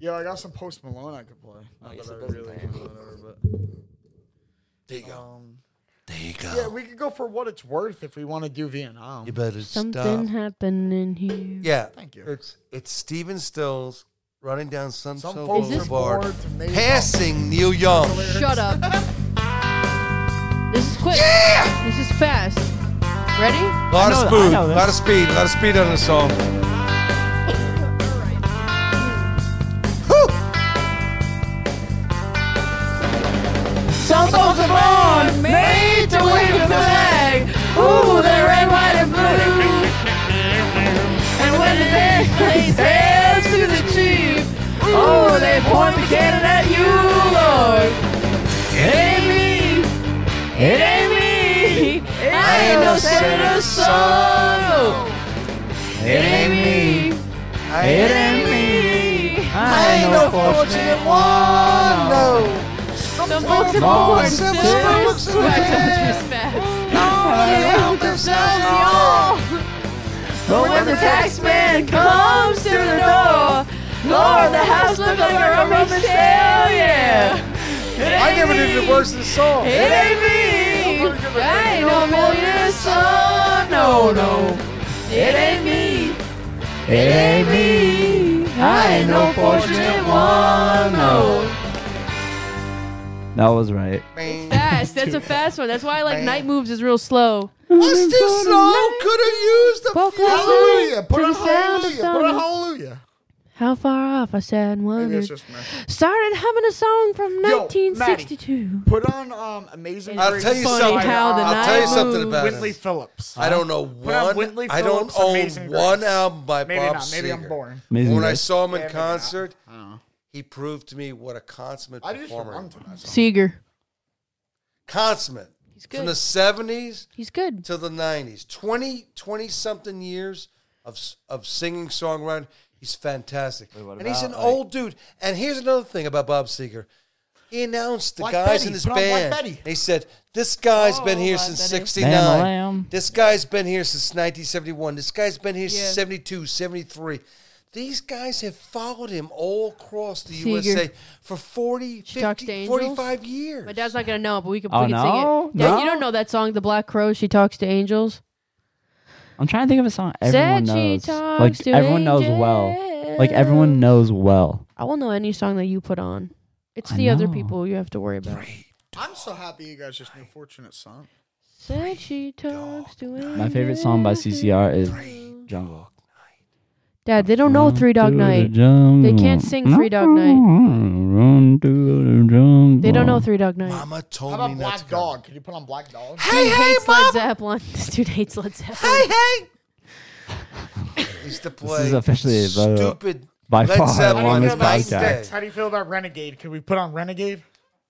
[SPEAKER 4] Yo, I got some Post Malone I could play. Not that I really whatever,
[SPEAKER 3] There you
[SPEAKER 4] but,
[SPEAKER 3] go.
[SPEAKER 4] um,
[SPEAKER 3] There you
[SPEAKER 4] yeah,
[SPEAKER 3] go.
[SPEAKER 4] we could go for what it's worth if we want to do Vietnam.
[SPEAKER 3] You better
[SPEAKER 1] Something
[SPEAKER 3] stop.
[SPEAKER 1] happened in here.
[SPEAKER 3] Yeah.
[SPEAKER 4] Thank you.
[SPEAKER 3] It's it's Steven Stills running down
[SPEAKER 4] Some
[SPEAKER 3] Sunset
[SPEAKER 4] folks
[SPEAKER 1] Is this-
[SPEAKER 4] are
[SPEAKER 3] Boulevard,
[SPEAKER 4] bored to make
[SPEAKER 3] passing Neil Young.
[SPEAKER 1] Shut up. this is quick. This is fast. Ready?
[SPEAKER 3] A
[SPEAKER 2] I
[SPEAKER 3] lot of
[SPEAKER 2] know- I
[SPEAKER 3] speed,
[SPEAKER 2] know
[SPEAKER 3] a
[SPEAKER 2] this.
[SPEAKER 3] lot of speed, a lot of speed on the song. Whew.
[SPEAKER 1] Some folks are born made to wave the flag. Ooh, they're red, white, and blue. And when the day lays hands to the chief, ooh, they point the cannon at you, Lord. It ain't me. It ain't me. I
[SPEAKER 6] It ain't
[SPEAKER 1] me.
[SPEAKER 6] I ain't no fortunate one. No.
[SPEAKER 1] Some folks are born sinners, who act with respect. They help themselves and all. But when the tax man comes through the door, Lord, the house looks like a rubber sale, yeah.
[SPEAKER 7] I never did the worst of the song.
[SPEAKER 1] It ain't me. I ain't no millionaire son, no, no. It ain't me.
[SPEAKER 6] It ain't me.
[SPEAKER 1] I ain't no fortunate one, no.
[SPEAKER 2] That was right.
[SPEAKER 1] Fast. That's a fast one. That's why I like night moves is real slow.
[SPEAKER 3] What's this song? Could have used a few.
[SPEAKER 1] Hallelujah.
[SPEAKER 4] Put
[SPEAKER 1] a
[SPEAKER 4] on hallelujah. Put on
[SPEAKER 1] thunder.
[SPEAKER 4] hallelujah.
[SPEAKER 1] How far off I sat and
[SPEAKER 4] Maybe
[SPEAKER 1] wondered.
[SPEAKER 4] it's just me.
[SPEAKER 1] Started humming a song from
[SPEAKER 4] Yo,
[SPEAKER 1] 1962.
[SPEAKER 4] Put on um, Amazing
[SPEAKER 3] I'll
[SPEAKER 4] Grace
[SPEAKER 3] tell you
[SPEAKER 4] by,
[SPEAKER 3] something.
[SPEAKER 1] how the
[SPEAKER 4] uh,
[SPEAKER 3] I'll tell you
[SPEAKER 1] night
[SPEAKER 3] something
[SPEAKER 1] moves.
[SPEAKER 3] about
[SPEAKER 4] Whitley
[SPEAKER 3] it.
[SPEAKER 4] Phillips.
[SPEAKER 3] I don't know
[SPEAKER 4] Put on
[SPEAKER 3] one.
[SPEAKER 4] Whitley
[SPEAKER 3] I don't
[SPEAKER 4] Phillips, Amazing
[SPEAKER 3] own
[SPEAKER 4] Grace.
[SPEAKER 3] one album by
[SPEAKER 4] Maybe
[SPEAKER 3] Bob
[SPEAKER 4] not. Maybe I'm
[SPEAKER 3] Seger.
[SPEAKER 4] boring.
[SPEAKER 2] Amazing
[SPEAKER 3] When I
[SPEAKER 2] Grace.
[SPEAKER 3] saw him in
[SPEAKER 4] Maybe not.
[SPEAKER 3] concert,
[SPEAKER 4] I don't know.
[SPEAKER 3] he proved to me what a consummate
[SPEAKER 4] I just
[SPEAKER 3] performer. he
[SPEAKER 4] remember
[SPEAKER 3] was.
[SPEAKER 4] that song.
[SPEAKER 1] Seeger.
[SPEAKER 3] Consummate.
[SPEAKER 1] He's
[SPEAKER 3] From the
[SPEAKER 1] good.
[SPEAKER 3] 70s
[SPEAKER 1] He's good.
[SPEAKER 3] to the 90s. 20, 20 something years of s- of singing songwriting. He's fantastic.
[SPEAKER 2] what
[SPEAKER 3] and he's an
[SPEAKER 2] about, like-
[SPEAKER 3] old dude. And here's another thing about Bob Seger. He announced the
[SPEAKER 4] Black
[SPEAKER 3] guys
[SPEAKER 4] Betty.
[SPEAKER 3] in his
[SPEAKER 4] Put on Black
[SPEAKER 3] band.
[SPEAKER 4] Betty.
[SPEAKER 3] And he said, This guy's been here
[SPEAKER 1] Black
[SPEAKER 3] since
[SPEAKER 1] Oh, Betty.
[SPEAKER 3] 69.
[SPEAKER 2] Bam-a-lam.
[SPEAKER 3] This guy's been here since 1971. This guy's been here
[SPEAKER 1] Yeah.
[SPEAKER 3] since 72, 73. These guys have followed him all across the
[SPEAKER 1] Seger.
[SPEAKER 3] USA for 40,
[SPEAKER 1] She talks
[SPEAKER 3] 50,
[SPEAKER 1] to angels?
[SPEAKER 3] 45 years.
[SPEAKER 1] My dad's not gonna know it, but we can,
[SPEAKER 2] Oh,
[SPEAKER 1] we can sing
[SPEAKER 2] no?
[SPEAKER 1] it. Dad, you
[SPEAKER 2] No?
[SPEAKER 1] don't know that song, "The Black Crow." She talks to angels.
[SPEAKER 2] I'm trying to think of a song everyone
[SPEAKER 1] Said she
[SPEAKER 2] knows.
[SPEAKER 1] talks
[SPEAKER 2] Like
[SPEAKER 1] to
[SPEAKER 2] everyone knows well. Like everyone knows well.
[SPEAKER 1] I will know any song that you put on. It's
[SPEAKER 2] I
[SPEAKER 1] the other
[SPEAKER 2] know.
[SPEAKER 1] people you have to worry about.
[SPEAKER 4] I'm so happy you guys just knew Fortunate Son.
[SPEAKER 1] Said she talks to angels.
[SPEAKER 2] My favorite song by CCR is Jungle.
[SPEAKER 1] Dad, they don't know Three Dog Night. They can't sing Three Dog Night.
[SPEAKER 2] Night.
[SPEAKER 1] They don't know Three Dog Night.
[SPEAKER 3] Mama told
[SPEAKER 4] How about
[SPEAKER 3] me not to
[SPEAKER 4] Black
[SPEAKER 3] go.
[SPEAKER 4] Dog? Could you put on Black Dog?
[SPEAKER 1] He hates Led Zeppelin. This dude hates Led Zeppelin.
[SPEAKER 3] is to play
[SPEAKER 2] This is officially the-
[SPEAKER 3] stupid
[SPEAKER 2] by
[SPEAKER 3] Led
[SPEAKER 2] far
[SPEAKER 3] Zeppelin
[SPEAKER 2] longest
[SPEAKER 3] Night and
[SPEAKER 2] podcast.
[SPEAKER 3] Day.
[SPEAKER 4] How do you feel about Renegade? Could we put on Renegade?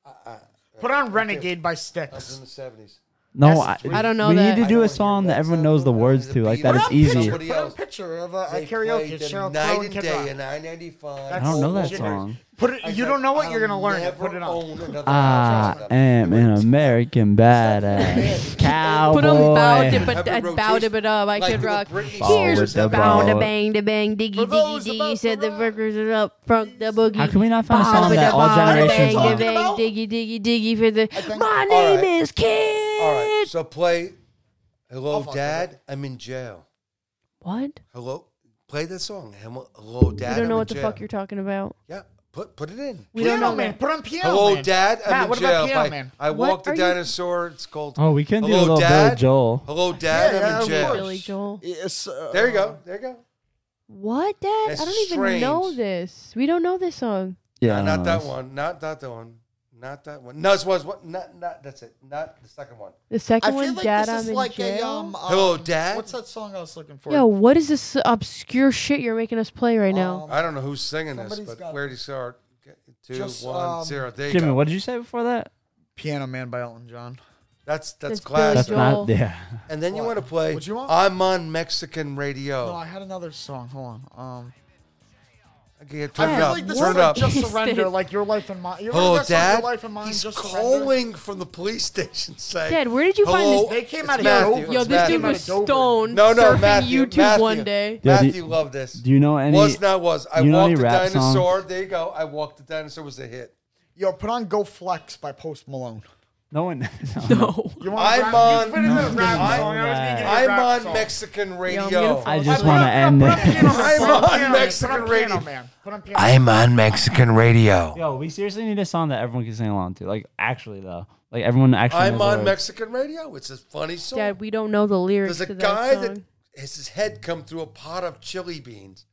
[SPEAKER 4] uh, Put on Renegade by Sticks.
[SPEAKER 3] in the seventies.
[SPEAKER 2] No, I,
[SPEAKER 4] That's-
[SPEAKER 1] I don't know
[SPEAKER 2] We
[SPEAKER 1] that.
[SPEAKER 2] need to
[SPEAKER 1] I
[SPEAKER 2] do
[SPEAKER 3] don't
[SPEAKER 2] a
[SPEAKER 3] hear
[SPEAKER 2] song that
[SPEAKER 3] that
[SPEAKER 2] everyone
[SPEAKER 3] song.
[SPEAKER 2] knows the words
[SPEAKER 3] The
[SPEAKER 2] to. Like that,
[SPEAKER 3] Beatles.
[SPEAKER 2] it's
[SPEAKER 3] Put on
[SPEAKER 2] easy.
[SPEAKER 3] Picture.
[SPEAKER 4] Put on a picture of a, a
[SPEAKER 3] They
[SPEAKER 4] karaoke.
[SPEAKER 3] played
[SPEAKER 4] It's
[SPEAKER 3] them
[SPEAKER 4] Cheryl
[SPEAKER 3] night
[SPEAKER 4] Crow
[SPEAKER 3] and day in
[SPEAKER 4] and Kid Rock.
[SPEAKER 3] I ninety five.
[SPEAKER 4] I
[SPEAKER 2] I don't know that song.
[SPEAKER 4] Put it, you don't know what you're gonna learn. Put it on.
[SPEAKER 2] I am an American badass cowboy.
[SPEAKER 1] Put him bow dip
[SPEAKER 3] Have it
[SPEAKER 1] a
[SPEAKER 3] rotate
[SPEAKER 1] bow dip it
[SPEAKER 2] uh,
[SPEAKER 1] up. I
[SPEAKER 3] like
[SPEAKER 1] could
[SPEAKER 3] the
[SPEAKER 1] rock.
[SPEAKER 3] Britney
[SPEAKER 1] Here's
[SPEAKER 2] Spears
[SPEAKER 1] the
[SPEAKER 2] episode.
[SPEAKER 1] bow to bang to bang diggy
[SPEAKER 4] For
[SPEAKER 1] diggy
[SPEAKER 4] those
[SPEAKER 1] diggy.
[SPEAKER 4] about
[SPEAKER 1] Said
[SPEAKER 4] to
[SPEAKER 1] the workers are up front the boogie.
[SPEAKER 2] How can we not find a
[SPEAKER 1] Bow
[SPEAKER 2] song
[SPEAKER 1] to
[SPEAKER 2] that all
[SPEAKER 1] bow to
[SPEAKER 2] generations
[SPEAKER 1] bang to
[SPEAKER 2] love?
[SPEAKER 4] know?
[SPEAKER 1] bang diggy diggy diggy for the. My
[SPEAKER 3] All
[SPEAKER 1] name
[SPEAKER 3] right.
[SPEAKER 1] is Kid.
[SPEAKER 3] All right, so play.
[SPEAKER 4] I'll
[SPEAKER 3] Hello,
[SPEAKER 4] fuck
[SPEAKER 3] Dad. I'm in jail.
[SPEAKER 1] What?
[SPEAKER 3] Hello, play that song. Hello, Hello, Dad.
[SPEAKER 1] We don't
[SPEAKER 3] I'm
[SPEAKER 1] know
[SPEAKER 3] in
[SPEAKER 1] what the
[SPEAKER 3] jail.
[SPEAKER 1] fuck you're talking about.
[SPEAKER 3] Yeah, put put it in.
[SPEAKER 1] We
[SPEAKER 4] Piano
[SPEAKER 1] don't know.
[SPEAKER 4] man.
[SPEAKER 1] that.
[SPEAKER 4] Put on piano
[SPEAKER 3] Hello,
[SPEAKER 4] man.
[SPEAKER 3] Dad. I'm
[SPEAKER 4] Matt,
[SPEAKER 3] in
[SPEAKER 4] what
[SPEAKER 3] jail.
[SPEAKER 4] about piano
[SPEAKER 3] by-
[SPEAKER 4] man?
[SPEAKER 3] I
[SPEAKER 1] What
[SPEAKER 3] walked the
[SPEAKER 1] are you-
[SPEAKER 3] dinosaur. It's called.
[SPEAKER 2] Oh, we can do a
[SPEAKER 3] Hello,
[SPEAKER 2] little
[SPEAKER 3] Dad.
[SPEAKER 2] Billy Joel.
[SPEAKER 3] Hello, Dad.
[SPEAKER 4] Yeah,
[SPEAKER 3] I'm in
[SPEAKER 4] yeah, of
[SPEAKER 3] jail.
[SPEAKER 4] course.
[SPEAKER 1] Billy Joel.
[SPEAKER 4] Yes, uh,
[SPEAKER 3] There you go. There you go.
[SPEAKER 1] What, Dad?
[SPEAKER 3] That's
[SPEAKER 1] I don't even
[SPEAKER 3] strange.
[SPEAKER 1] know this. We don't know this song.
[SPEAKER 2] Yeah,
[SPEAKER 3] No,
[SPEAKER 2] I don't
[SPEAKER 3] not
[SPEAKER 2] know
[SPEAKER 3] that
[SPEAKER 2] this.
[SPEAKER 3] one. Not that the one. Not that one. No, this was what? Not not. That's it. Not the second one.
[SPEAKER 1] The
[SPEAKER 4] I
[SPEAKER 1] second
[SPEAKER 4] feel
[SPEAKER 1] one,
[SPEAKER 4] like
[SPEAKER 1] Dad,
[SPEAKER 4] this
[SPEAKER 1] I'm
[SPEAKER 4] is
[SPEAKER 1] in
[SPEAKER 4] like
[SPEAKER 1] jail.
[SPEAKER 4] a um, um,
[SPEAKER 3] Hello, Dad.
[SPEAKER 4] What's that song I was looking for?
[SPEAKER 1] Yo, what is this obscure shit you're making us play right now?
[SPEAKER 4] Um,
[SPEAKER 3] I don't know who's singing this,
[SPEAKER 4] Somebody's
[SPEAKER 3] but
[SPEAKER 4] got-
[SPEAKER 3] where do you start? Get- Two, one, zero.
[SPEAKER 4] Just, um,
[SPEAKER 3] There you
[SPEAKER 2] Jimmy,
[SPEAKER 3] go.
[SPEAKER 2] what did you say before that?
[SPEAKER 4] Piano Man by Elton John.
[SPEAKER 3] That's
[SPEAKER 1] That's
[SPEAKER 3] that's
[SPEAKER 1] Billy
[SPEAKER 3] classic.
[SPEAKER 2] That's not.
[SPEAKER 1] Joel.
[SPEAKER 2] Yeah.
[SPEAKER 3] And then you
[SPEAKER 4] What?
[SPEAKER 3] want to play.
[SPEAKER 4] What you want?
[SPEAKER 3] I'm on Mexican radio.
[SPEAKER 4] No, Oh, I had another song. Hold on. Um,
[SPEAKER 3] okay, turn
[SPEAKER 4] I
[SPEAKER 3] it
[SPEAKER 4] feel
[SPEAKER 3] up.
[SPEAKER 4] like this
[SPEAKER 3] turn
[SPEAKER 4] is
[SPEAKER 3] it up.
[SPEAKER 4] like just surrender, like your life and mine. You remember
[SPEAKER 3] Hello,
[SPEAKER 4] that song,
[SPEAKER 3] Dad.
[SPEAKER 4] Your life and mine.
[SPEAKER 3] He's
[SPEAKER 4] just surrender?
[SPEAKER 3] calling from the police station saying,
[SPEAKER 1] Dad, where did you find
[SPEAKER 3] Hello,
[SPEAKER 1] this?
[SPEAKER 4] They came
[SPEAKER 3] it's
[SPEAKER 4] out of
[SPEAKER 3] Matthew.
[SPEAKER 4] Dover.
[SPEAKER 1] Yo,
[SPEAKER 3] It's
[SPEAKER 1] this dude
[SPEAKER 3] Matthew.
[SPEAKER 1] was
[SPEAKER 4] It's Dover.
[SPEAKER 1] stoned
[SPEAKER 3] No, no,
[SPEAKER 1] surfing
[SPEAKER 3] Matthew,
[SPEAKER 1] YouTube
[SPEAKER 3] Matthew.
[SPEAKER 1] one day.
[SPEAKER 2] Yeah, do
[SPEAKER 3] Matthew
[SPEAKER 2] you-
[SPEAKER 3] loved this.
[SPEAKER 2] Do you know any?
[SPEAKER 3] was not was. I
[SPEAKER 2] you know
[SPEAKER 3] walked
[SPEAKER 2] any
[SPEAKER 3] the
[SPEAKER 2] rap songs?
[SPEAKER 3] dinosaur. There you go. I walked the dinosaur was a hit.
[SPEAKER 4] Yo, put on "Go Flex" by Post Malone.
[SPEAKER 2] No one.
[SPEAKER 1] No.
[SPEAKER 4] You want
[SPEAKER 3] I'm
[SPEAKER 4] rap?
[SPEAKER 3] on.
[SPEAKER 7] Put in a rap
[SPEAKER 2] No.
[SPEAKER 7] song. I was gonna give you a
[SPEAKER 3] I'm
[SPEAKER 7] rap
[SPEAKER 3] on
[SPEAKER 7] song.
[SPEAKER 3] Mexican radio.
[SPEAKER 1] gonna fall
[SPEAKER 2] I just
[SPEAKER 1] asleep.
[SPEAKER 2] want to end
[SPEAKER 4] Piano
[SPEAKER 2] it.
[SPEAKER 4] Man,
[SPEAKER 3] I'm
[SPEAKER 4] put on
[SPEAKER 3] on
[SPEAKER 4] Piano Man, put on
[SPEAKER 3] Mexican
[SPEAKER 4] Piano
[SPEAKER 3] radio.
[SPEAKER 4] Man, put on Piano Man.
[SPEAKER 6] I'm on Mexican radio.
[SPEAKER 2] Yo, we seriously need a song that everyone can sing along to. Like, actually, though, like everyone actually.
[SPEAKER 3] I'm
[SPEAKER 2] knows the
[SPEAKER 3] on
[SPEAKER 2] words.
[SPEAKER 3] Mexican radio. It's a funny song.
[SPEAKER 1] Dad, we don't know the lyrics
[SPEAKER 3] There's
[SPEAKER 1] to
[SPEAKER 3] a
[SPEAKER 1] that
[SPEAKER 3] guy
[SPEAKER 1] song.
[SPEAKER 3] that has his head come through a pot of chili beans.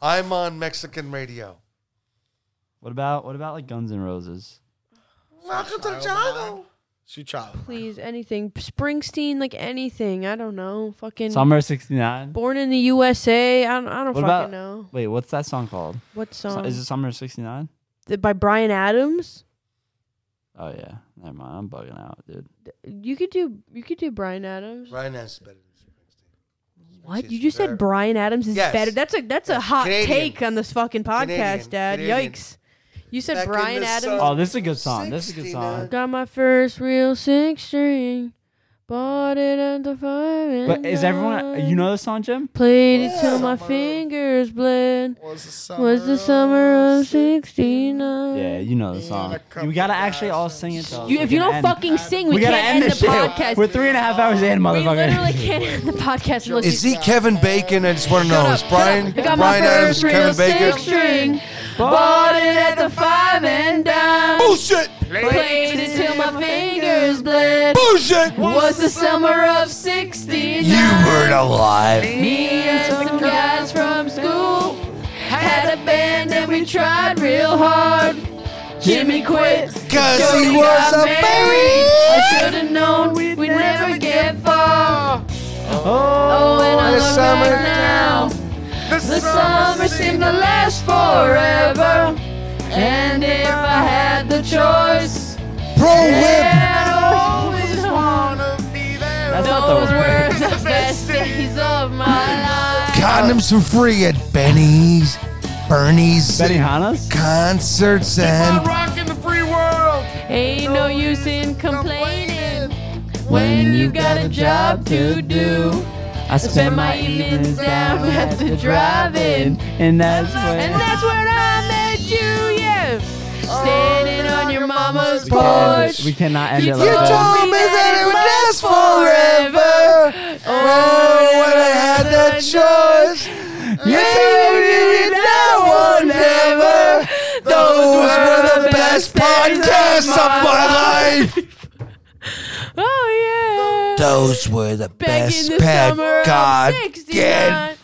[SPEAKER 3] I'm on Mexican radio.
[SPEAKER 2] What about what about like Guns N' Roses?
[SPEAKER 3] Welcome to the jungle.
[SPEAKER 4] Sweet child.
[SPEAKER 1] Please, anything. Springsteen, like anything. I don't know. Fucking
[SPEAKER 2] Summer '69.
[SPEAKER 1] Born in the USA. I don't, I don't
[SPEAKER 2] What
[SPEAKER 1] fucking
[SPEAKER 2] about?
[SPEAKER 1] know.
[SPEAKER 2] Wait, what's that song called?
[SPEAKER 1] What
[SPEAKER 2] Su-
[SPEAKER 1] song?
[SPEAKER 2] Is it Summer '69?
[SPEAKER 1] Th- By Brian Adams?
[SPEAKER 2] Oh yeah, never mind. I'm bugging out, dude.
[SPEAKER 1] You could do you could do Brian Adams.
[SPEAKER 3] Ryan Adams is better than Springsteen.
[SPEAKER 1] What you just said? Brian Adams is
[SPEAKER 16] Yes.
[SPEAKER 1] better. That's a that's a hot
[SPEAKER 16] Canadian.
[SPEAKER 1] take on this fucking podcast,
[SPEAKER 16] Canadian.
[SPEAKER 1] Dad.
[SPEAKER 16] Canadian.
[SPEAKER 1] Yikes! You said
[SPEAKER 16] Back in
[SPEAKER 1] Brian
[SPEAKER 16] the
[SPEAKER 1] Adams.
[SPEAKER 16] sun.
[SPEAKER 2] Oh, this is a good song. This is a good song.
[SPEAKER 1] Got my first real six string. Bought it at the farm.
[SPEAKER 2] But is everyone you know the song, Jim?
[SPEAKER 1] Played it till my fingers bled. Was the summer, of '69.
[SPEAKER 2] Yeah, you know the song. We gotta actually all sing it. Though.
[SPEAKER 1] You,
[SPEAKER 2] We
[SPEAKER 1] if you
[SPEAKER 2] can
[SPEAKER 1] don't
[SPEAKER 2] end-
[SPEAKER 1] fucking sing, we,
[SPEAKER 2] we gotta
[SPEAKER 1] can't
[SPEAKER 2] end
[SPEAKER 1] end,
[SPEAKER 2] this
[SPEAKER 1] the
[SPEAKER 2] shit.
[SPEAKER 1] podcast.
[SPEAKER 2] We're three and a half hours in,
[SPEAKER 1] we
[SPEAKER 2] motherfucker.
[SPEAKER 1] literally can't end the podcast unless
[SPEAKER 3] Is
[SPEAKER 1] you
[SPEAKER 3] he Kevin Bacon? I just want to know. Is Brian
[SPEAKER 1] I got
[SPEAKER 3] Brian
[SPEAKER 1] my
[SPEAKER 3] Adams
[SPEAKER 1] first real
[SPEAKER 3] Kevin
[SPEAKER 1] six
[SPEAKER 3] Bacon?
[SPEAKER 1] string. Bought it at the five and dime.
[SPEAKER 3] Bullshit.
[SPEAKER 1] Played it till my fingers bled.
[SPEAKER 3] Bullshit.
[SPEAKER 1] Was the summer of '69.
[SPEAKER 3] You weren't alive.
[SPEAKER 1] Me and some guys from school had a band and we tried real hard. Jimmy quit.
[SPEAKER 3] 'Cause
[SPEAKER 1] Jody
[SPEAKER 3] he was
[SPEAKER 1] got
[SPEAKER 3] a
[SPEAKER 1] married.
[SPEAKER 3] fairy.
[SPEAKER 1] I should have known we'd never get far. Oh, and I
[SPEAKER 16] the
[SPEAKER 1] look
[SPEAKER 16] summer
[SPEAKER 1] back now. The, summer seemed to last forever. And if I had the choice,
[SPEAKER 3] Pro
[SPEAKER 1] always wanna be there.
[SPEAKER 2] That's not the
[SPEAKER 1] Those
[SPEAKER 2] word.
[SPEAKER 1] were the best days of my life.
[SPEAKER 3] Condoms for free at Benny's, Bernie's,
[SPEAKER 2] Benihana's,
[SPEAKER 3] concerts and
[SPEAKER 1] rocking the free world. Ain't no use in complaining when you got a job to do.
[SPEAKER 2] I
[SPEAKER 1] Spend my evenings down at the drive-in,
[SPEAKER 2] and that's
[SPEAKER 1] and
[SPEAKER 2] when
[SPEAKER 1] that's where I met you. Yeah, standing on your mama's porch.
[SPEAKER 2] we cannot end it like
[SPEAKER 1] You
[SPEAKER 2] that.
[SPEAKER 1] told me that it would last
[SPEAKER 3] forever. Oh, when I had that choice, you told me that one never. Those were the best podcasts of my life.
[SPEAKER 1] Oh yeah.
[SPEAKER 3] Those were the
[SPEAKER 1] Back
[SPEAKER 3] best
[SPEAKER 1] in the summer of
[SPEAKER 3] God
[SPEAKER 1] 69.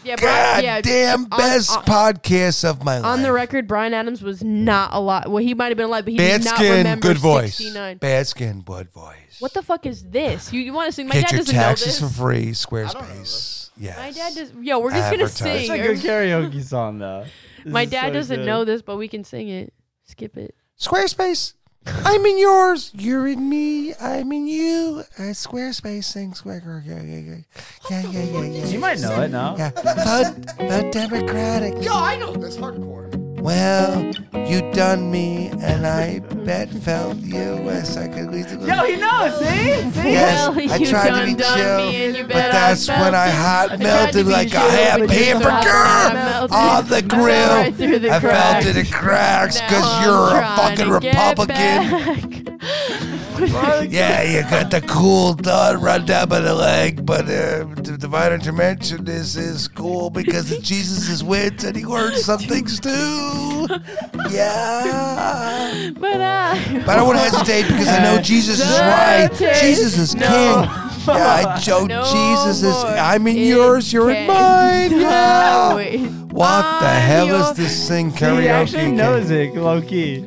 [SPEAKER 1] Yeah, Brian- yeah,
[SPEAKER 3] goddamn
[SPEAKER 1] on-
[SPEAKER 3] best
[SPEAKER 1] on-
[SPEAKER 3] podcasts of my life.
[SPEAKER 1] On the record, Brian Adams was not alive. Well, he might have been alive, but he
[SPEAKER 3] Bad
[SPEAKER 1] did not
[SPEAKER 3] skin,
[SPEAKER 1] remember
[SPEAKER 3] good voice.
[SPEAKER 1] 69.
[SPEAKER 3] Bad skin, good voice.
[SPEAKER 1] What the fuck is this? You, you want to sing? My
[SPEAKER 3] Get
[SPEAKER 1] dad
[SPEAKER 3] your
[SPEAKER 1] doesn't know this.
[SPEAKER 3] taxes for free, Squarespace. Yeah.
[SPEAKER 1] My dad does. Yo, we're just gonna
[SPEAKER 3] Advertise.
[SPEAKER 1] sing.
[SPEAKER 2] It's a good karaoke song though. This
[SPEAKER 1] My
[SPEAKER 2] is
[SPEAKER 1] dad
[SPEAKER 2] so
[SPEAKER 1] doesn't
[SPEAKER 2] good.
[SPEAKER 1] know this, but we can sing it. Skip it.
[SPEAKER 3] Squarespace. I'm in yours. You're in me. I'm in you. Uh, Squarespace sing Square. Yeah, yeah, yeah. Yeah, yeah, yeah, yeah.
[SPEAKER 2] You might know it now.
[SPEAKER 3] Yeah. The, the Democratic.
[SPEAKER 7] Yo, I know this hardcore.
[SPEAKER 3] Well, you done me, and I bet felt you as I could lead the
[SPEAKER 2] Yo, he knows. See, see.
[SPEAKER 3] Yes,
[SPEAKER 1] Well,
[SPEAKER 3] I
[SPEAKER 1] you
[SPEAKER 3] tried to
[SPEAKER 1] done
[SPEAKER 3] be
[SPEAKER 1] done me and
[SPEAKER 3] chill,
[SPEAKER 1] you
[SPEAKER 3] but
[SPEAKER 1] bet I
[SPEAKER 3] that's
[SPEAKER 1] felt
[SPEAKER 3] when I
[SPEAKER 1] you.
[SPEAKER 3] hot
[SPEAKER 1] I tried to
[SPEAKER 3] melted
[SPEAKER 1] be
[SPEAKER 3] like a
[SPEAKER 1] chill,
[SPEAKER 3] half
[SPEAKER 1] but you felt I
[SPEAKER 3] hamburger
[SPEAKER 1] melted.
[SPEAKER 3] on the
[SPEAKER 1] I fell
[SPEAKER 3] grill.
[SPEAKER 1] right through the
[SPEAKER 3] I felt
[SPEAKER 1] cracks.
[SPEAKER 3] it in cracks because
[SPEAKER 1] Now
[SPEAKER 3] you're a
[SPEAKER 1] I'm trying
[SPEAKER 3] fucking
[SPEAKER 1] to get
[SPEAKER 3] Republican. Yeah, you got the cool done run down by the leg, but uh, the divine intervention is, is cool because the Jesus is wins and he learns some things too. Yeah.
[SPEAKER 1] But I.
[SPEAKER 3] But I won't hesitate because I know Jesus is right. Jesus is king. Yeah, I Joe, Jesus is. I'm in yours, you're in mine. Yeah. What the hell is this thing
[SPEAKER 2] See, he
[SPEAKER 3] karaoke?
[SPEAKER 2] actually
[SPEAKER 3] king?
[SPEAKER 2] knows it, low key.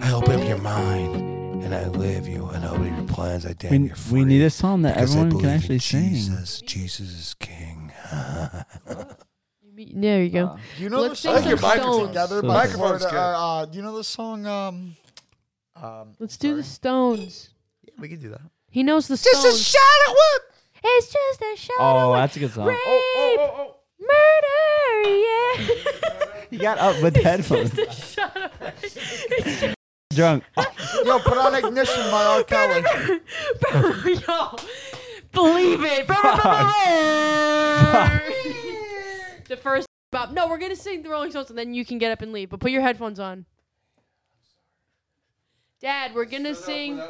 [SPEAKER 3] I open up your mind and I live you and open your plans. I damn
[SPEAKER 2] We,
[SPEAKER 3] you.
[SPEAKER 2] we need a song that
[SPEAKER 3] Because I
[SPEAKER 2] everyone
[SPEAKER 3] believe
[SPEAKER 2] can
[SPEAKER 3] in
[SPEAKER 2] actually sing.
[SPEAKER 3] Jesus, Jesus is king.
[SPEAKER 1] There you go.
[SPEAKER 7] You know
[SPEAKER 1] Let's
[SPEAKER 7] the
[SPEAKER 1] sing
[SPEAKER 7] song
[SPEAKER 1] some Stones.
[SPEAKER 7] together
[SPEAKER 2] So
[SPEAKER 7] by
[SPEAKER 2] good.
[SPEAKER 7] Florida. Uh, uh, you know the song. Um, um,
[SPEAKER 1] Let's do the Stones.
[SPEAKER 7] yeah, we can do that.
[SPEAKER 1] He knows the Stones.
[SPEAKER 3] shot of whip.
[SPEAKER 1] it's just a shot.
[SPEAKER 2] Oh,
[SPEAKER 1] of
[SPEAKER 2] that's a good song.
[SPEAKER 1] rape, Oh, murder, yeah.
[SPEAKER 2] He got up with the headphones. Drunk.
[SPEAKER 7] Yo, put on ignition by R. Kelly.
[SPEAKER 1] Yo, believe it. the first bop. No, we're gonna sing the Rolling Stones and then you can get up and leave. But put your headphones on. Dad, we're gonna sing.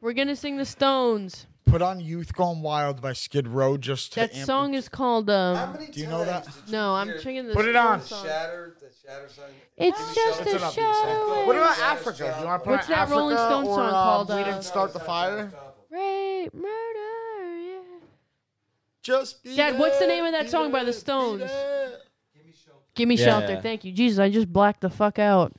[SPEAKER 1] We're gonna sing the Stones.
[SPEAKER 7] Put on Youth Gone Wild by Skid Row just to
[SPEAKER 1] That
[SPEAKER 7] amp-
[SPEAKER 1] song is called. Um,
[SPEAKER 7] Do you know that?
[SPEAKER 1] no, I'm singing the.
[SPEAKER 4] Put it on.
[SPEAKER 1] Stones Song.
[SPEAKER 17] Shatter, the shatter song.
[SPEAKER 1] It's just
[SPEAKER 7] It's an
[SPEAKER 1] a
[SPEAKER 7] upbeat
[SPEAKER 1] shadow.
[SPEAKER 7] song. What about Africa? Do you want to put
[SPEAKER 1] What's
[SPEAKER 7] on
[SPEAKER 1] that
[SPEAKER 7] Africa
[SPEAKER 1] Rolling Stone
[SPEAKER 7] or,
[SPEAKER 1] song
[SPEAKER 7] um,
[SPEAKER 1] called,
[SPEAKER 7] We
[SPEAKER 1] uh,
[SPEAKER 7] didn't start the fire.
[SPEAKER 1] Rape, murder, yeah.
[SPEAKER 7] Just be
[SPEAKER 1] Dad, what's the
[SPEAKER 7] there,
[SPEAKER 1] name of that
[SPEAKER 7] be
[SPEAKER 1] song by the
[SPEAKER 7] there, be
[SPEAKER 1] Stones?
[SPEAKER 7] there.
[SPEAKER 1] Give me
[SPEAKER 2] Yeah,
[SPEAKER 1] shelter.
[SPEAKER 2] yeah.
[SPEAKER 1] Thank you. Jesus, I just blacked the fuck out.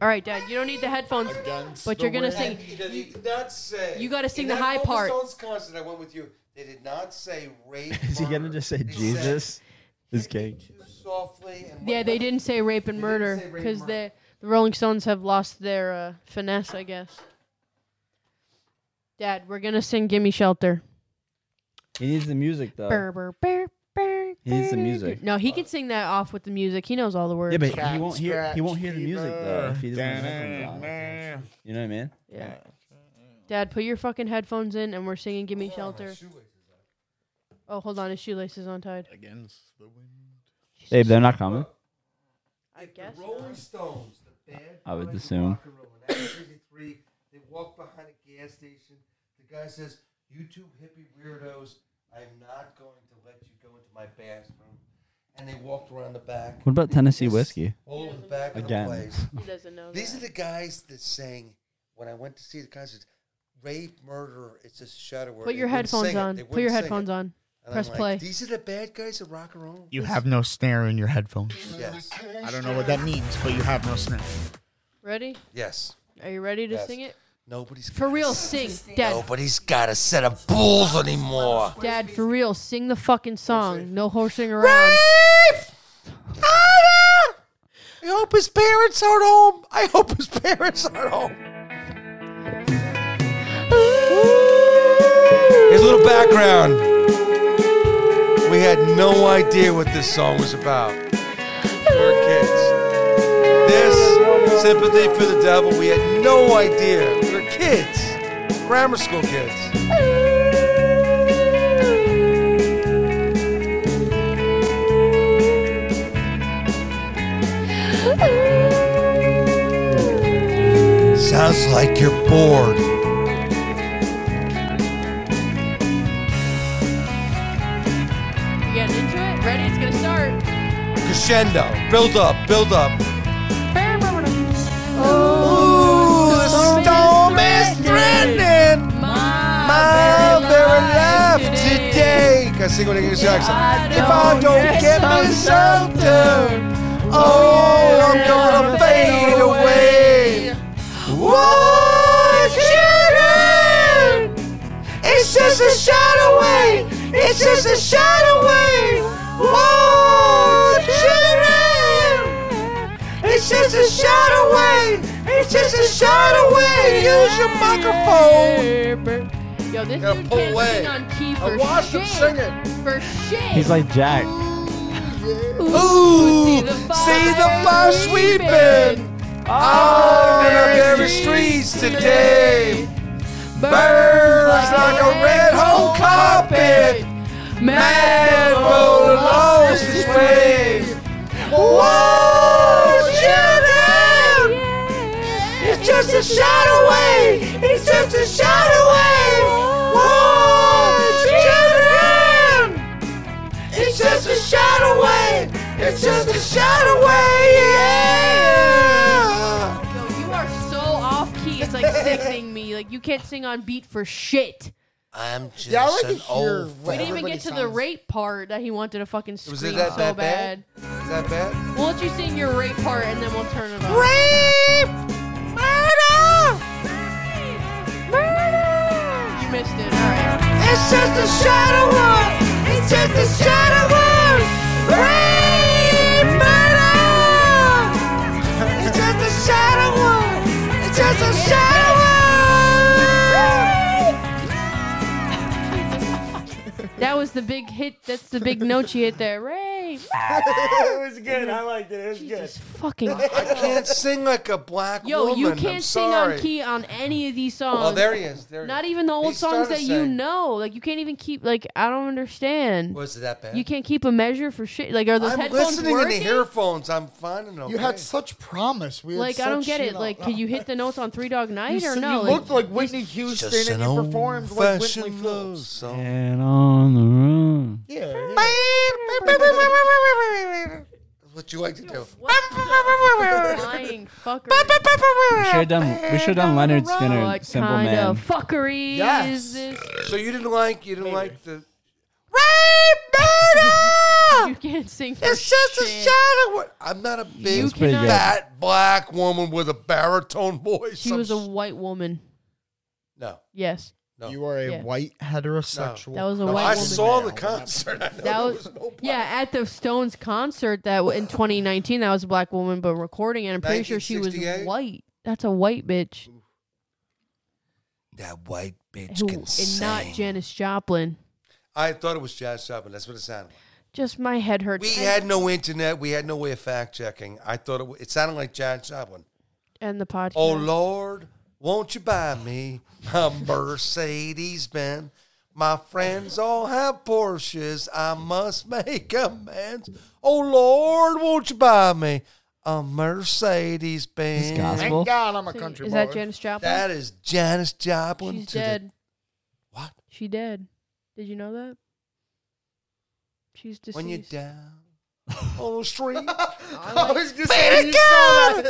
[SPEAKER 1] All right, Dad, you don't need the headphones,
[SPEAKER 7] Against
[SPEAKER 1] but
[SPEAKER 7] the
[SPEAKER 1] you're going to
[SPEAKER 7] wind.
[SPEAKER 1] sing.
[SPEAKER 17] They did not say.
[SPEAKER 1] You gotta sing
[SPEAKER 17] in
[SPEAKER 1] the
[SPEAKER 17] that
[SPEAKER 1] high
[SPEAKER 17] Rolling
[SPEAKER 1] part.
[SPEAKER 17] Stones concert I went with you. They did not say rape.
[SPEAKER 2] Is he gonna
[SPEAKER 17] murder.
[SPEAKER 2] just say
[SPEAKER 17] They said
[SPEAKER 2] Jesus? This king.
[SPEAKER 17] too softly and
[SPEAKER 1] Yeah, they didn't say rape and
[SPEAKER 17] They didn't
[SPEAKER 1] murder
[SPEAKER 17] say rape and
[SPEAKER 1] because the
[SPEAKER 17] murder.
[SPEAKER 1] the Rolling Stones have lost their uh, finesse, I guess. Dad, we're going to sing Gimme Shelter.
[SPEAKER 2] He needs the music though.
[SPEAKER 1] Burr, burr, burr, burr,
[SPEAKER 2] He needs the
[SPEAKER 1] burr,
[SPEAKER 2] Uh, music.
[SPEAKER 1] No, he can sing that off with the music. He knows all the words.
[SPEAKER 2] Yeah, but he won't hear. He won't hear the music though if he doesn't have headphones on. You know what I mean?
[SPEAKER 1] Yeah. Dad, put your fucking headphones in, and we're singing "Give Me Shelter." Oh, hold on, his shoelace is untied.
[SPEAKER 18] Against the wind.
[SPEAKER 2] Babe, they're not coming.
[SPEAKER 1] I guess.
[SPEAKER 3] Rolling Stones, the band.
[SPEAKER 2] I would assume.
[SPEAKER 3] Three, they walk behind a gas station. The guy says, "You two hippie weirdos, I'm not going to let you go into my bathroom." And they walked around the back.
[SPEAKER 2] What about Tennessee whiskey?
[SPEAKER 3] All over the back
[SPEAKER 2] Again.
[SPEAKER 3] of the place.
[SPEAKER 1] He doesn't know.
[SPEAKER 3] These
[SPEAKER 1] that.
[SPEAKER 3] are the guys that sang when I went to see the concert. Rape, murder, it's just a shadow word.
[SPEAKER 1] Put
[SPEAKER 3] They
[SPEAKER 1] your
[SPEAKER 3] wouldn't sing
[SPEAKER 1] headphones
[SPEAKER 3] it.
[SPEAKER 1] on.
[SPEAKER 3] They
[SPEAKER 1] Put your
[SPEAKER 3] wouldn't sing
[SPEAKER 1] headphones
[SPEAKER 3] it.
[SPEAKER 1] on.
[SPEAKER 3] And I'm
[SPEAKER 1] Press
[SPEAKER 3] like,
[SPEAKER 1] play.
[SPEAKER 3] These are the bad guys of rock and roll.
[SPEAKER 4] You have no snare in your headphones.
[SPEAKER 3] Yes.
[SPEAKER 4] I don't know what that means, but you have no snare.
[SPEAKER 1] Ready?
[SPEAKER 3] Yes.
[SPEAKER 1] Are you ready to
[SPEAKER 3] Yes.
[SPEAKER 1] sing it?
[SPEAKER 3] Nobody's
[SPEAKER 1] For real, sing, Dad.
[SPEAKER 3] Nobody's got a set of bulls anymore.
[SPEAKER 1] Dad, for real, sing the fucking song. No horsing around.
[SPEAKER 3] I hope his parents aren't home. I hope his parents aren't home. Here's a little background. We had no idea what this song was about. We were kids. This sympathy for the devil. We had no idea. We were kids, grammar school kids. Sounds like you're bored.
[SPEAKER 1] You getting into it? Ready? It's gonna start.
[SPEAKER 3] Crescendo. Build up, build up.
[SPEAKER 1] Oh,
[SPEAKER 3] the storm is threatening my very life today. Gotta sing with an English accent. If I don't get me shelter, oh, I'm gonna fade away. What shooting? It's just a shot away. It's just a shot away. What shooting? It's just a shot away. It's just a shot away. Use your microphone.
[SPEAKER 1] Yo, this
[SPEAKER 3] Gotta
[SPEAKER 1] dude
[SPEAKER 3] pull
[SPEAKER 1] can't
[SPEAKER 3] away.
[SPEAKER 1] sing on key for
[SPEAKER 3] I watched
[SPEAKER 1] shit.
[SPEAKER 3] him sing it.
[SPEAKER 1] For shit.
[SPEAKER 2] He's like Jack.
[SPEAKER 3] Ooh, see the fire sweeping on our very streets today. Burns like a red hot carpet, mad roller lost his way. Whoa, children, it's just a shot away. It's just a shot away. Whoa, children. It's just a shot away. It's just a shot away. Yeah.
[SPEAKER 1] Yo, you are so off key. It's like sickening me. Like you can't sing on beat for shit.
[SPEAKER 3] I'm just
[SPEAKER 4] Yeah, I like to hear.
[SPEAKER 1] We didn't even get to the rape part that he wanted to fucking scream
[SPEAKER 3] Was it that-
[SPEAKER 1] so
[SPEAKER 3] that
[SPEAKER 1] bad.
[SPEAKER 3] bad? Is that bad?
[SPEAKER 1] We'll let you sing your rape part and then we'll turn it off.
[SPEAKER 3] Rape! Murder!
[SPEAKER 1] You missed it. All right.
[SPEAKER 3] It's just a shadow world. It's just a shadow world. Rain, murder. It's just a shadow world. It's just a shadow world.
[SPEAKER 1] That was the big hit. That's the big note you hit there. Rape.
[SPEAKER 18] it was good. I liked it. It was
[SPEAKER 1] Jesus fucking.
[SPEAKER 3] I can't sing like a black
[SPEAKER 1] Yo,
[SPEAKER 3] woman.
[SPEAKER 1] you
[SPEAKER 3] I'm
[SPEAKER 1] can't sing
[SPEAKER 3] sorry.
[SPEAKER 1] on key on any of these songs.
[SPEAKER 3] Oh, there he is. There he
[SPEAKER 1] Not
[SPEAKER 3] is.
[SPEAKER 1] even the old
[SPEAKER 3] He
[SPEAKER 1] songs
[SPEAKER 3] started
[SPEAKER 1] that you
[SPEAKER 3] saying-
[SPEAKER 1] know. Like you can't even keep. Like I don't understand.
[SPEAKER 3] Was it that bad?
[SPEAKER 1] You can't keep a measure for shit. Like are those
[SPEAKER 3] I'm
[SPEAKER 1] headphones
[SPEAKER 3] listening
[SPEAKER 1] working?
[SPEAKER 3] in the earphones. I'm finding them.
[SPEAKER 4] You had such promise. We had
[SPEAKER 1] like I don't
[SPEAKER 4] such,
[SPEAKER 1] get
[SPEAKER 4] you
[SPEAKER 1] it.
[SPEAKER 4] know- uh,
[SPEAKER 1] Like could you hit the notes on Three Dog Night
[SPEAKER 4] You,
[SPEAKER 1] or
[SPEAKER 4] s-
[SPEAKER 1] no?
[SPEAKER 4] you looked like Whitney Houston and you performed like Whitney Houston.
[SPEAKER 3] song.
[SPEAKER 2] And on the run.
[SPEAKER 4] Yeah. yeah.
[SPEAKER 3] What you like to do?
[SPEAKER 1] What the lying fucker.
[SPEAKER 2] We should have done. We should have done Leonard Skinner.
[SPEAKER 1] What
[SPEAKER 2] Simple
[SPEAKER 1] kind
[SPEAKER 2] man.
[SPEAKER 1] of fuckery
[SPEAKER 4] Yes.
[SPEAKER 1] is this?
[SPEAKER 3] So you didn't like you didn't like the
[SPEAKER 1] You can't sing. For
[SPEAKER 3] It's just a
[SPEAKER 1] shit.
[SPEAKER 3] shadow. wo- I'm not a big
[SPEAKER 1] pretty good.
[SPEAKER 3] fat black woman with a baritone voice.
[SPEAKER 1] She
[SPEAKER 3] I'm
[SPEAKER 1] was a
[SPEAKER 3] s-
[SPEAKER 1] white woman.
[SPEAKER 3] no.
[SPEAKER 1] Yes,
[SPEAKER 3] No.
[SPEAKER 4] You are a
[SPEAKER 1] Yeah.
[SPEAKER 4] white heterosexual.
[SPEAKER 1] that was a
[SPEAKER 3] No,
[SPEAKER 1] white
[SPEAKER 3] I
[SPEAKER 1] woman.
[SPEAKER 3] saw the concert. I know
[SPEAKER 1] that
[SPEAKER 3] there
[SPEAKER 1] was,
[SPEAKER 3] was no black.
[SPEAKER 1] yeah at the Stones concert that w- in 2019 that was a black woman but recording and I'm pretty sure she was
[SPEAKER 3] 1968?
[SPEAKER 1] white. That's a white bitch
[SPEAKER 3] That white bitch
[SPEAKER 1] who
[SPEAKER 3] can
[SPEAKER 1] and not
[SPEAKER 3] sing.
[SPEAKER 1] Janis Joplin.
[SPEAKER 3] I thought it was Jazz Chopin. That's what it sounded like.
[SPEAKER 1] Just my head hurts.
[SPEAKER 3] We
[SPEAKER 1] And-
[SPEAKER 3] had no internet. We had no way of fact checking. I thought it, wa- it sounded like Jazz Chopin.
[SPEAKER 1] and the podcast.
[SPEAKER 3] Oh Lord, won't you buy me a Mercedes Benz? My friends all have Porsches. I must make amends. Oh Lord, won't you buy me a Mercedes Benz?
[SPEAKER 4] Thank God I'm a
[SPEAKER 1] So,
[SPEAKER 4] country
[SPEAKER 1] Is
[SPEAKER 4] boy.
[SPEAKER 1] that Janis Joplin?
[SPEAKER 3] That is Janis Joplin.
[SPEAKER 1] She's
[SPEAKER 3] to the-
[SPEAKER 1] dead.
[SPEAKER 3] What?
[SPEAKER 1] She dead. Did you know that? She's deceased.
[SPEAKER 3] when you're down on the street,
[SPEAKER 7] I was
[SPEAKER 3] Baby
[SPEAKER 7] just saying you saw
[SPEAKER 3] girl!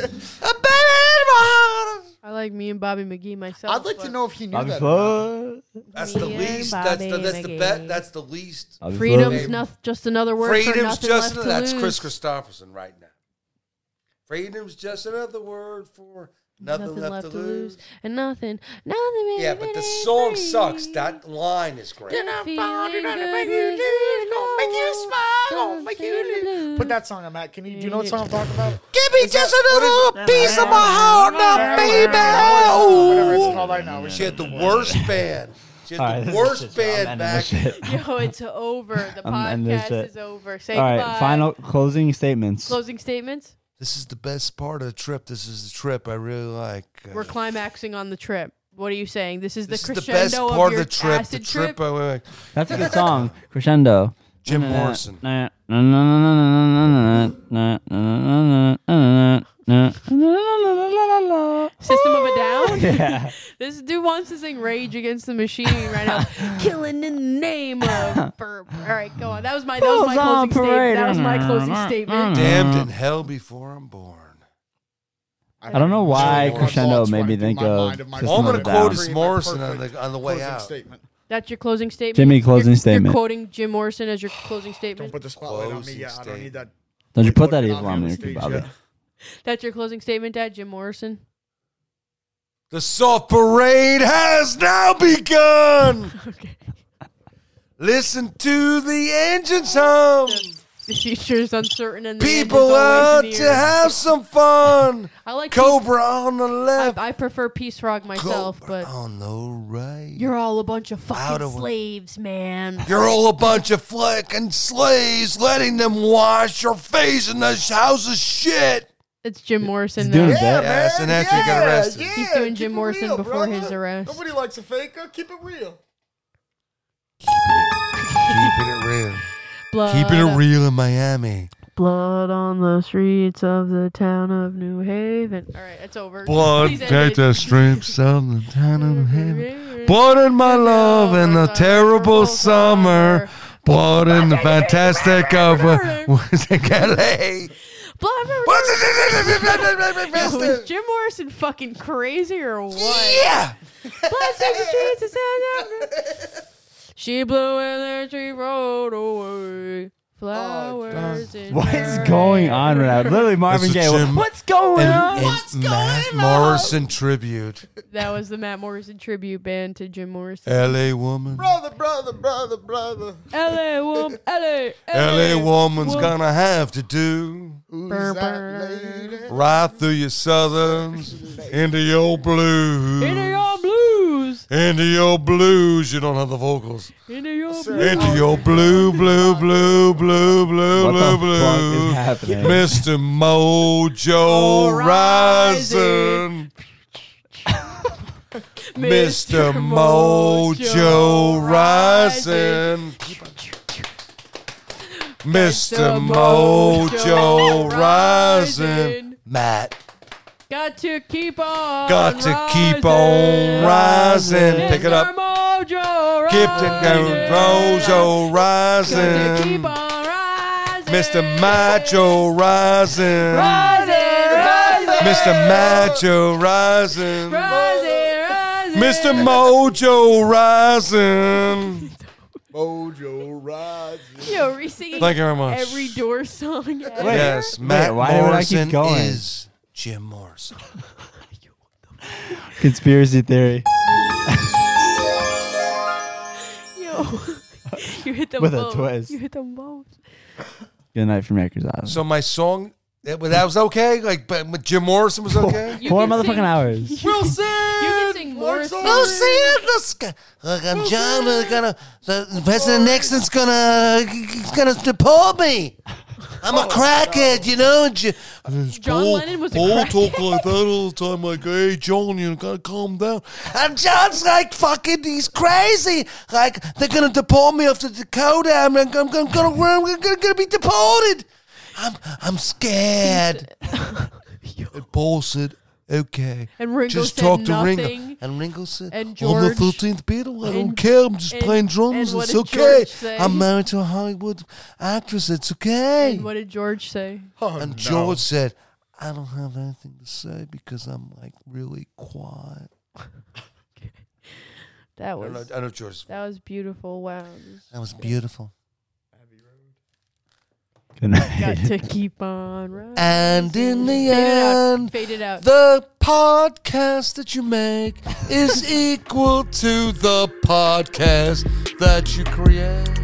[SPEAKER 7] that.
[SPEAKER 1] I like me and Bobby McGee myself.
[SPEAKER 4] I'd like to
[SPEAKER 1] but-
[SPEAKER 4] know if he knew
[SPEAKER 2] Bobby
[SPEAKER 4] that.
[SPEAKER 2] Fudd.
[SPEAKER 3] that's the
[SPEAKER 1] Me and
[SPEAKER 3] least. That's the
[SPEAKER 1] Bobby
[SPEAKER 3] that's the
[SPEAKER 1] McGee.
[SPEAKER 3] bet. That's the least.
[SPEAKER 2] Bobby Fudd.
[SPEAKER 1] Freedom's
[SPEAKER 3] Fudd.
[SPEAKER 1] not just another word for
[SPEAKER 3] Freedom's
[SPEAKER 1] nothing
[SPEAKER 3] just
[SPEAKER 1] left to
[SPEAKER 3] that's
[SPEAKER 1] lose.
[SPEAKER 3] Chris Christopherson right now. Freedom's just another word for nothing, left, to, lose.
[SPEAKER 1] and nothing, nothing.
[SPEAKER 3] Yeah, but the song sucks. That line is great.
[SPEAKER 4] Put that song on Matt. Can you do you know what song I'm talking about?
[SPEAKER 3] Give me just another piece of my heart, now,
[SPEAKER 4] Whatever it's
[SPEAKER 3] baby.
[SPEAKER 4] called right now. We
[SPEAKER 3] She
[SPEAKER 4] should
[SPEAKER 3] had the worst band. She
[SPEAKER 2] All right,
[SPEAKER 3] had the
[SPEAKER 2] this is
[SPEAKER 3] worst
[SPEAKER 2] just- I'm
[SPEAKER 3] band
[SPEAKER 2] ending this
[SPEAKER 3] back.
[SPEAKER 2] shit.
[SPEAKER 1] Yo, it's over. The
[SPEAKER 2] I'm ending this
[SPEAKER 1] podcast
[SPEAKER 2] shit.
[SPEAKER 1] is over. Say
[SPEAKER 2] All right,
[SPEAKER 1] goodbye.
[SPEAKER 2] final closing statements.
[SPEAKER 1] closing statements.
[SPEAKER 3] This is the best part of the trip. This is the trip I really like. Uh,
[SPEAKER 1] We're climaxing on the trip. What are you saying? This is the
[SPEAKER 3] this is the
[SPEAKER 1] crescendo
[SPEAKER 3] best
[SPEAKER 1] of
[SPEAKER 3] part of
[SPEAKER 1] your
[SPEAKER 3] the trip. The
[SPEAKER 1] acid
[SPEAKER 3] trip I like.
[SPEAKER 2] That's a good song. Crescendo.
[SPEAKER 3] Jim Morrison.
[SPEAKER 1] System of a Down.
[SPEAKER 2] Yeah.
[SPEAKER 1] This dude wants to sing Rage Against the Machine right now. Killing in the name of. Burp. All right, go on. That was my that was my
[SPEAKER 2] Bulls on
[SPEAKER 1] closing statement.
[SPEAKER 2] parade. Mm-hmm.
[SPEAKER 1] That was my closing statement.
[SPEAKER 3] Damned in hell before I'm born.
[SPEAKER 2] I don't know why
[SPEAKER 4] Thoughts
[SPEAKER 2] crescendo
[SPEAKER 4] running
[SPEAKER 2] made me
[SPEAKER 4] through
[SPEAKER 2] think
[SPEAKER 4] my
[SPEAKER 2] of.
[SPEAKER 4] mind of my-
[SPEAKER 2] System
[SPEAKER 3] Well, I'm
[SPEAKER 2] of
[SPEAKER 3] going
[SPEAKER 2] a
[SPEAKER 3] to
[SPEAKER 2] Down.
[SPEAKER 3] quote is
[SPEAKER 4] Pretty
[SPEAKER 3] Morrison on
[SPEAKER 4] perfect
[SPEAKER 3] the, on the way
[SPEAKER 4] Closing
[SPEAKER 3] out.
[SPEAKER 4] statement.
[SPEAKER 1] That's your closing statement.
[SPEAKER 2] Jimmy, closing
[SPEAKER 1] You're-
[SPEAKER 2] statement.
[SPEAKER 1] You're quoting Jim Morrison as your closing
[SPEAKER 4] Don't
[SPEAKER 1] statement.
[SPEAKER 4] put the spotlight on me.
[SPEAKER 3] Closing
[SPEAKER 4] Yeah, I don't need that.
[SPEAKER 2] Don't you put that
[SPEAKER 4] Don't
[SPEAKER 2] evil on me,
[SPEAKER 4] stage
[SPEAKER 2] Bobby?
[SPEAKER 4] yet.
[SPEAKER 1] That's your closing statement, Dad. Jim Morrison.
[SPEAKER 3] The soft parade has now begun.
[SPEAKER 1] Okay.
[SPEAKER 3] Listen to the engines hum.
[SPEAKER 1] The future is uncertain, and the end is always
[SPEAKER 3] People out
[SPEAKER 1] near.
[SPEAKER 3] to have some fun.
[SPEAKER 1] I like
[SPEAKER 3] Cobra on the
[SPEAKER 1] I,
[SPEAKER 3] left,
[SPEAKER 1] I prefer Peace Frog myself,
[SPEAKER 3] Cobra
[SPEAKER 1] but
[SPEAKER 3] on the right.
[SPEAKER 1] you're all a bunch of fucking
[SPEAKER 3] Out of-
[SPEAKER 1] slaves, man.
[SPEAKER 3] You're all a bunch of flicking slaves, letting them wash your face in this house of shit.
[SPEAKER 1] It's Jim Morrison.
[SPEAKER 2] He's doing
[SPEAKER 1] though.
[SPEAKER 2] his best.
[SPEAKER 3] Yes, and after you got arrested.
[SPEAKER 1] He's doing
[SPEAKER 4] keep
[SPEAKER 1] Jim
[SPEAKER 4] it
[SPEAKER 1] Morrison
[SPEAKER 4] real,
[SPEAKER 1] before his
[SPEAKER 4] brother.
[SPEAKER 1] arrest.
[SPEAKER 4] Nobody likes a faker. Keep it real.
[SPEAKER 3] Keeping it real.
[SPEAKER 1] Blood
[SPEAKER 3] Keeping it
[SPEAKER 1] on-
[SPEAKER 3] real in Miami.
[SPEAKER 1] Blood on the streets of the town of New Haven. All right, it's over.
[SPEAKER 3] Blood
[SPEAKER 1] Please end
[SPEAKER 3] at
[SPEAKER 1] it.
[SPEAKER 3] the streets of the town of heaven. Blood in my love in the terrible summer. Blood in the fantastic of was it LA?
[SPEAKER 1] Blood.
[SPEAKER 3] What's it-
[SPEAKER 1] Yo, is Jim Morrison fucking crazy or what?
[SPEAKER 3] Yeah.
[SPEAKER 1] Blood takes the streets of San Diego. She blew and then she rolled away.
[SPEAKER 3] Oh,
[SPEAKER 1] Flowers in
[SPEAKER 2] What is
[SPEAKER 1] her
[SPEAKER 2] going
[SPEAKER 1] hair.
[SPEAKER 2] on right now? Literally, Marvin
[SPEAKER 3] That's a
[SPEAKER 2] Gaye.
[SPEAKER 3] Jim-
[SPEAKER 2] What's going on?
[SPEAKER 3] And Matt Morrison tribute.
[SPEAKER 1] That was the Matt Morrison tribute band to Jim Morrison.
[SPEAKER 3] LA woman.
[SPEAKER 4] Brother, brother, brother, brother.
[SPEAKER 1] LA woman, LA,
[SPEAKER 3] LA woman's gonna have to do
[SPEAKER 4] Who's
[SPEAKER 1] Burr,
[SPEAKER 4] that
[SPEAKER 1] burr.
[SPEAKER 4] lady?
[SPEAKER 3] right through your southerns into your blues.
[SPEAKER 1] Into your blues,
[SPEAKER 3] Into your blues. You don't have the vocals.
[SPEAKER 1] into your blues.
[SPEAKER 3] Into your blue, blue, blue, blue, blue,
[SPEAKER 2] What
[SPEAKER 3] blue,
[SPEAKER 2] the
[SPEAKER 3] blue.
[SPEAKER 2] fuck is happening?
[SPEAKER 3] Mr. Mojo Rising. Mr. Mojo Rising. Mr. Mojo Rising. Matt,
[SPEAKER 1] Got to keep on.
[SPEAKER 3] got to keep on rising.
[SPEAKER 1] Mr.
[SPEAKER 3] Pick it up.
[SPEAKER 1] Mojo
[SPEAKER 3] Keep it going.
[SPEAKER 1] Got
[SPEAKER 3] Mojo
[SPEAKER 1] to
[SPEAKER 3] Rising.
[SPEAKER 1] keep on rising.
[SPEAKER 3] Mr. Macho Rising.
[SPEAKER 1] Rising, rising,
[SPEAKER 3] Mr. Macho Rising.
[SPEAKER 1] rising, rising.
[SPEAKER 3] Mr. Mojo Rising.
[SPEAKER 4] Mojo rides.
[SPEAKER 1] Yo, re-singing
[SPEAKER 3] Thank you very much.
[SPEAKER 1] every door song. ever.
[SPEAKER 3] Yes, Matt
[SPEAKER 2] why did I keep
[SPEAKER 3] Morrison
[SPEAKER 2] going?
[SPEAKER 3] is Jim Morrison.
[SPEAKER 2] Conspiracy theory.
[SPEAKER 1] Yo, you hit them
[SPEAKER 2] With a
[SPEAKER 1] both.
[SPEAKER 2] twist.
[SPEAKER 1] You hit them both.
[SPEAKER 2] Good night from Rikers Island.
[SPEAKER 3] So my song That, but that was okay. Like, but Jim Morrison was okay.
[SPEAKER 2] You Four can motherfucking sing- hours.
[SPEAKER 19] Wilson!
[SPEAKER 1] You can sing Morrison.
[SPEAKER 3] Wilson, let's go. Look, I'm John. uh, Gonna the President Nixon's gonna he's gonna deport me. I'm a crackhead, you know. and J-
[SPEAKER 1] Oh, John
[SPEAKER 3] Paul-
[SPEAKER 1] Lennon was a
[SPEAKER 3] Paul talk
[SPEAKER 1] crackhead?
[SPEAKER 3] like that all the time. Like, hey, John, you gotta calm down. And John's like, fucking, he's crazy. Like, they're gonna deport me off to Dakota. I'm, I'm, I'm gonna, I'm gonna, gonna be deported. I'm, I'm scared. and Paul said, okay.
[SPEAKER 1] And Ringo
[SPEAKER 3] just
[SPEAKER 1] said
[SPEAKER 3] talk to Ringo.
[SPEAKER 1] nothing.
[SPEAKER 3] And Ringo said,
[SPEAKER 1] And
[SPEAKER 3] I'm the
[SPEAKER 1] George-
[SPEAKER 3] 13th Beatle. I don't
[SPEAKER 1] and-
[SPEAKER 3] care. I'm just
[SPEAKER 1] and-
[SPEAKER 3] playing drums.
[SPEAKER 1] and what
[SPEAKER 3] It's
[SPEAKER 1] did
[SPEAKER 3] okay.
[SPEAKER 1] George say?
[SPEAKER 3] I'm married to a Hollywood actress. It's okay.
[SPEAKER 1] And what did George say?
[SPEAKER 20] Oh,
[SPEAKER 3] And George said, I don't have anything to say because I'm like really quiet.
[SPEAKER 1] That
[SPEAKER 20] I know-
[SPEAKER 1] was
[SPEAKER 20] I know George's-
[SPEAKER 1] That was beautiful. Wow.
[SPEAKER 3] That was beautiful.
[SPEAKER 2] Good
[SPEAKER 1] Got
[SPEAKER 2] night.
[SPEAKER 1] to keep on running.
[SPEAKER 3] And in the
[SPEAKER 1] Fade it out.
[SPEAKER 3] end,
[SPEAKER 1] Fade it out.
[SPEAKER 3] the podcast that you make is equal to the podcast that you create.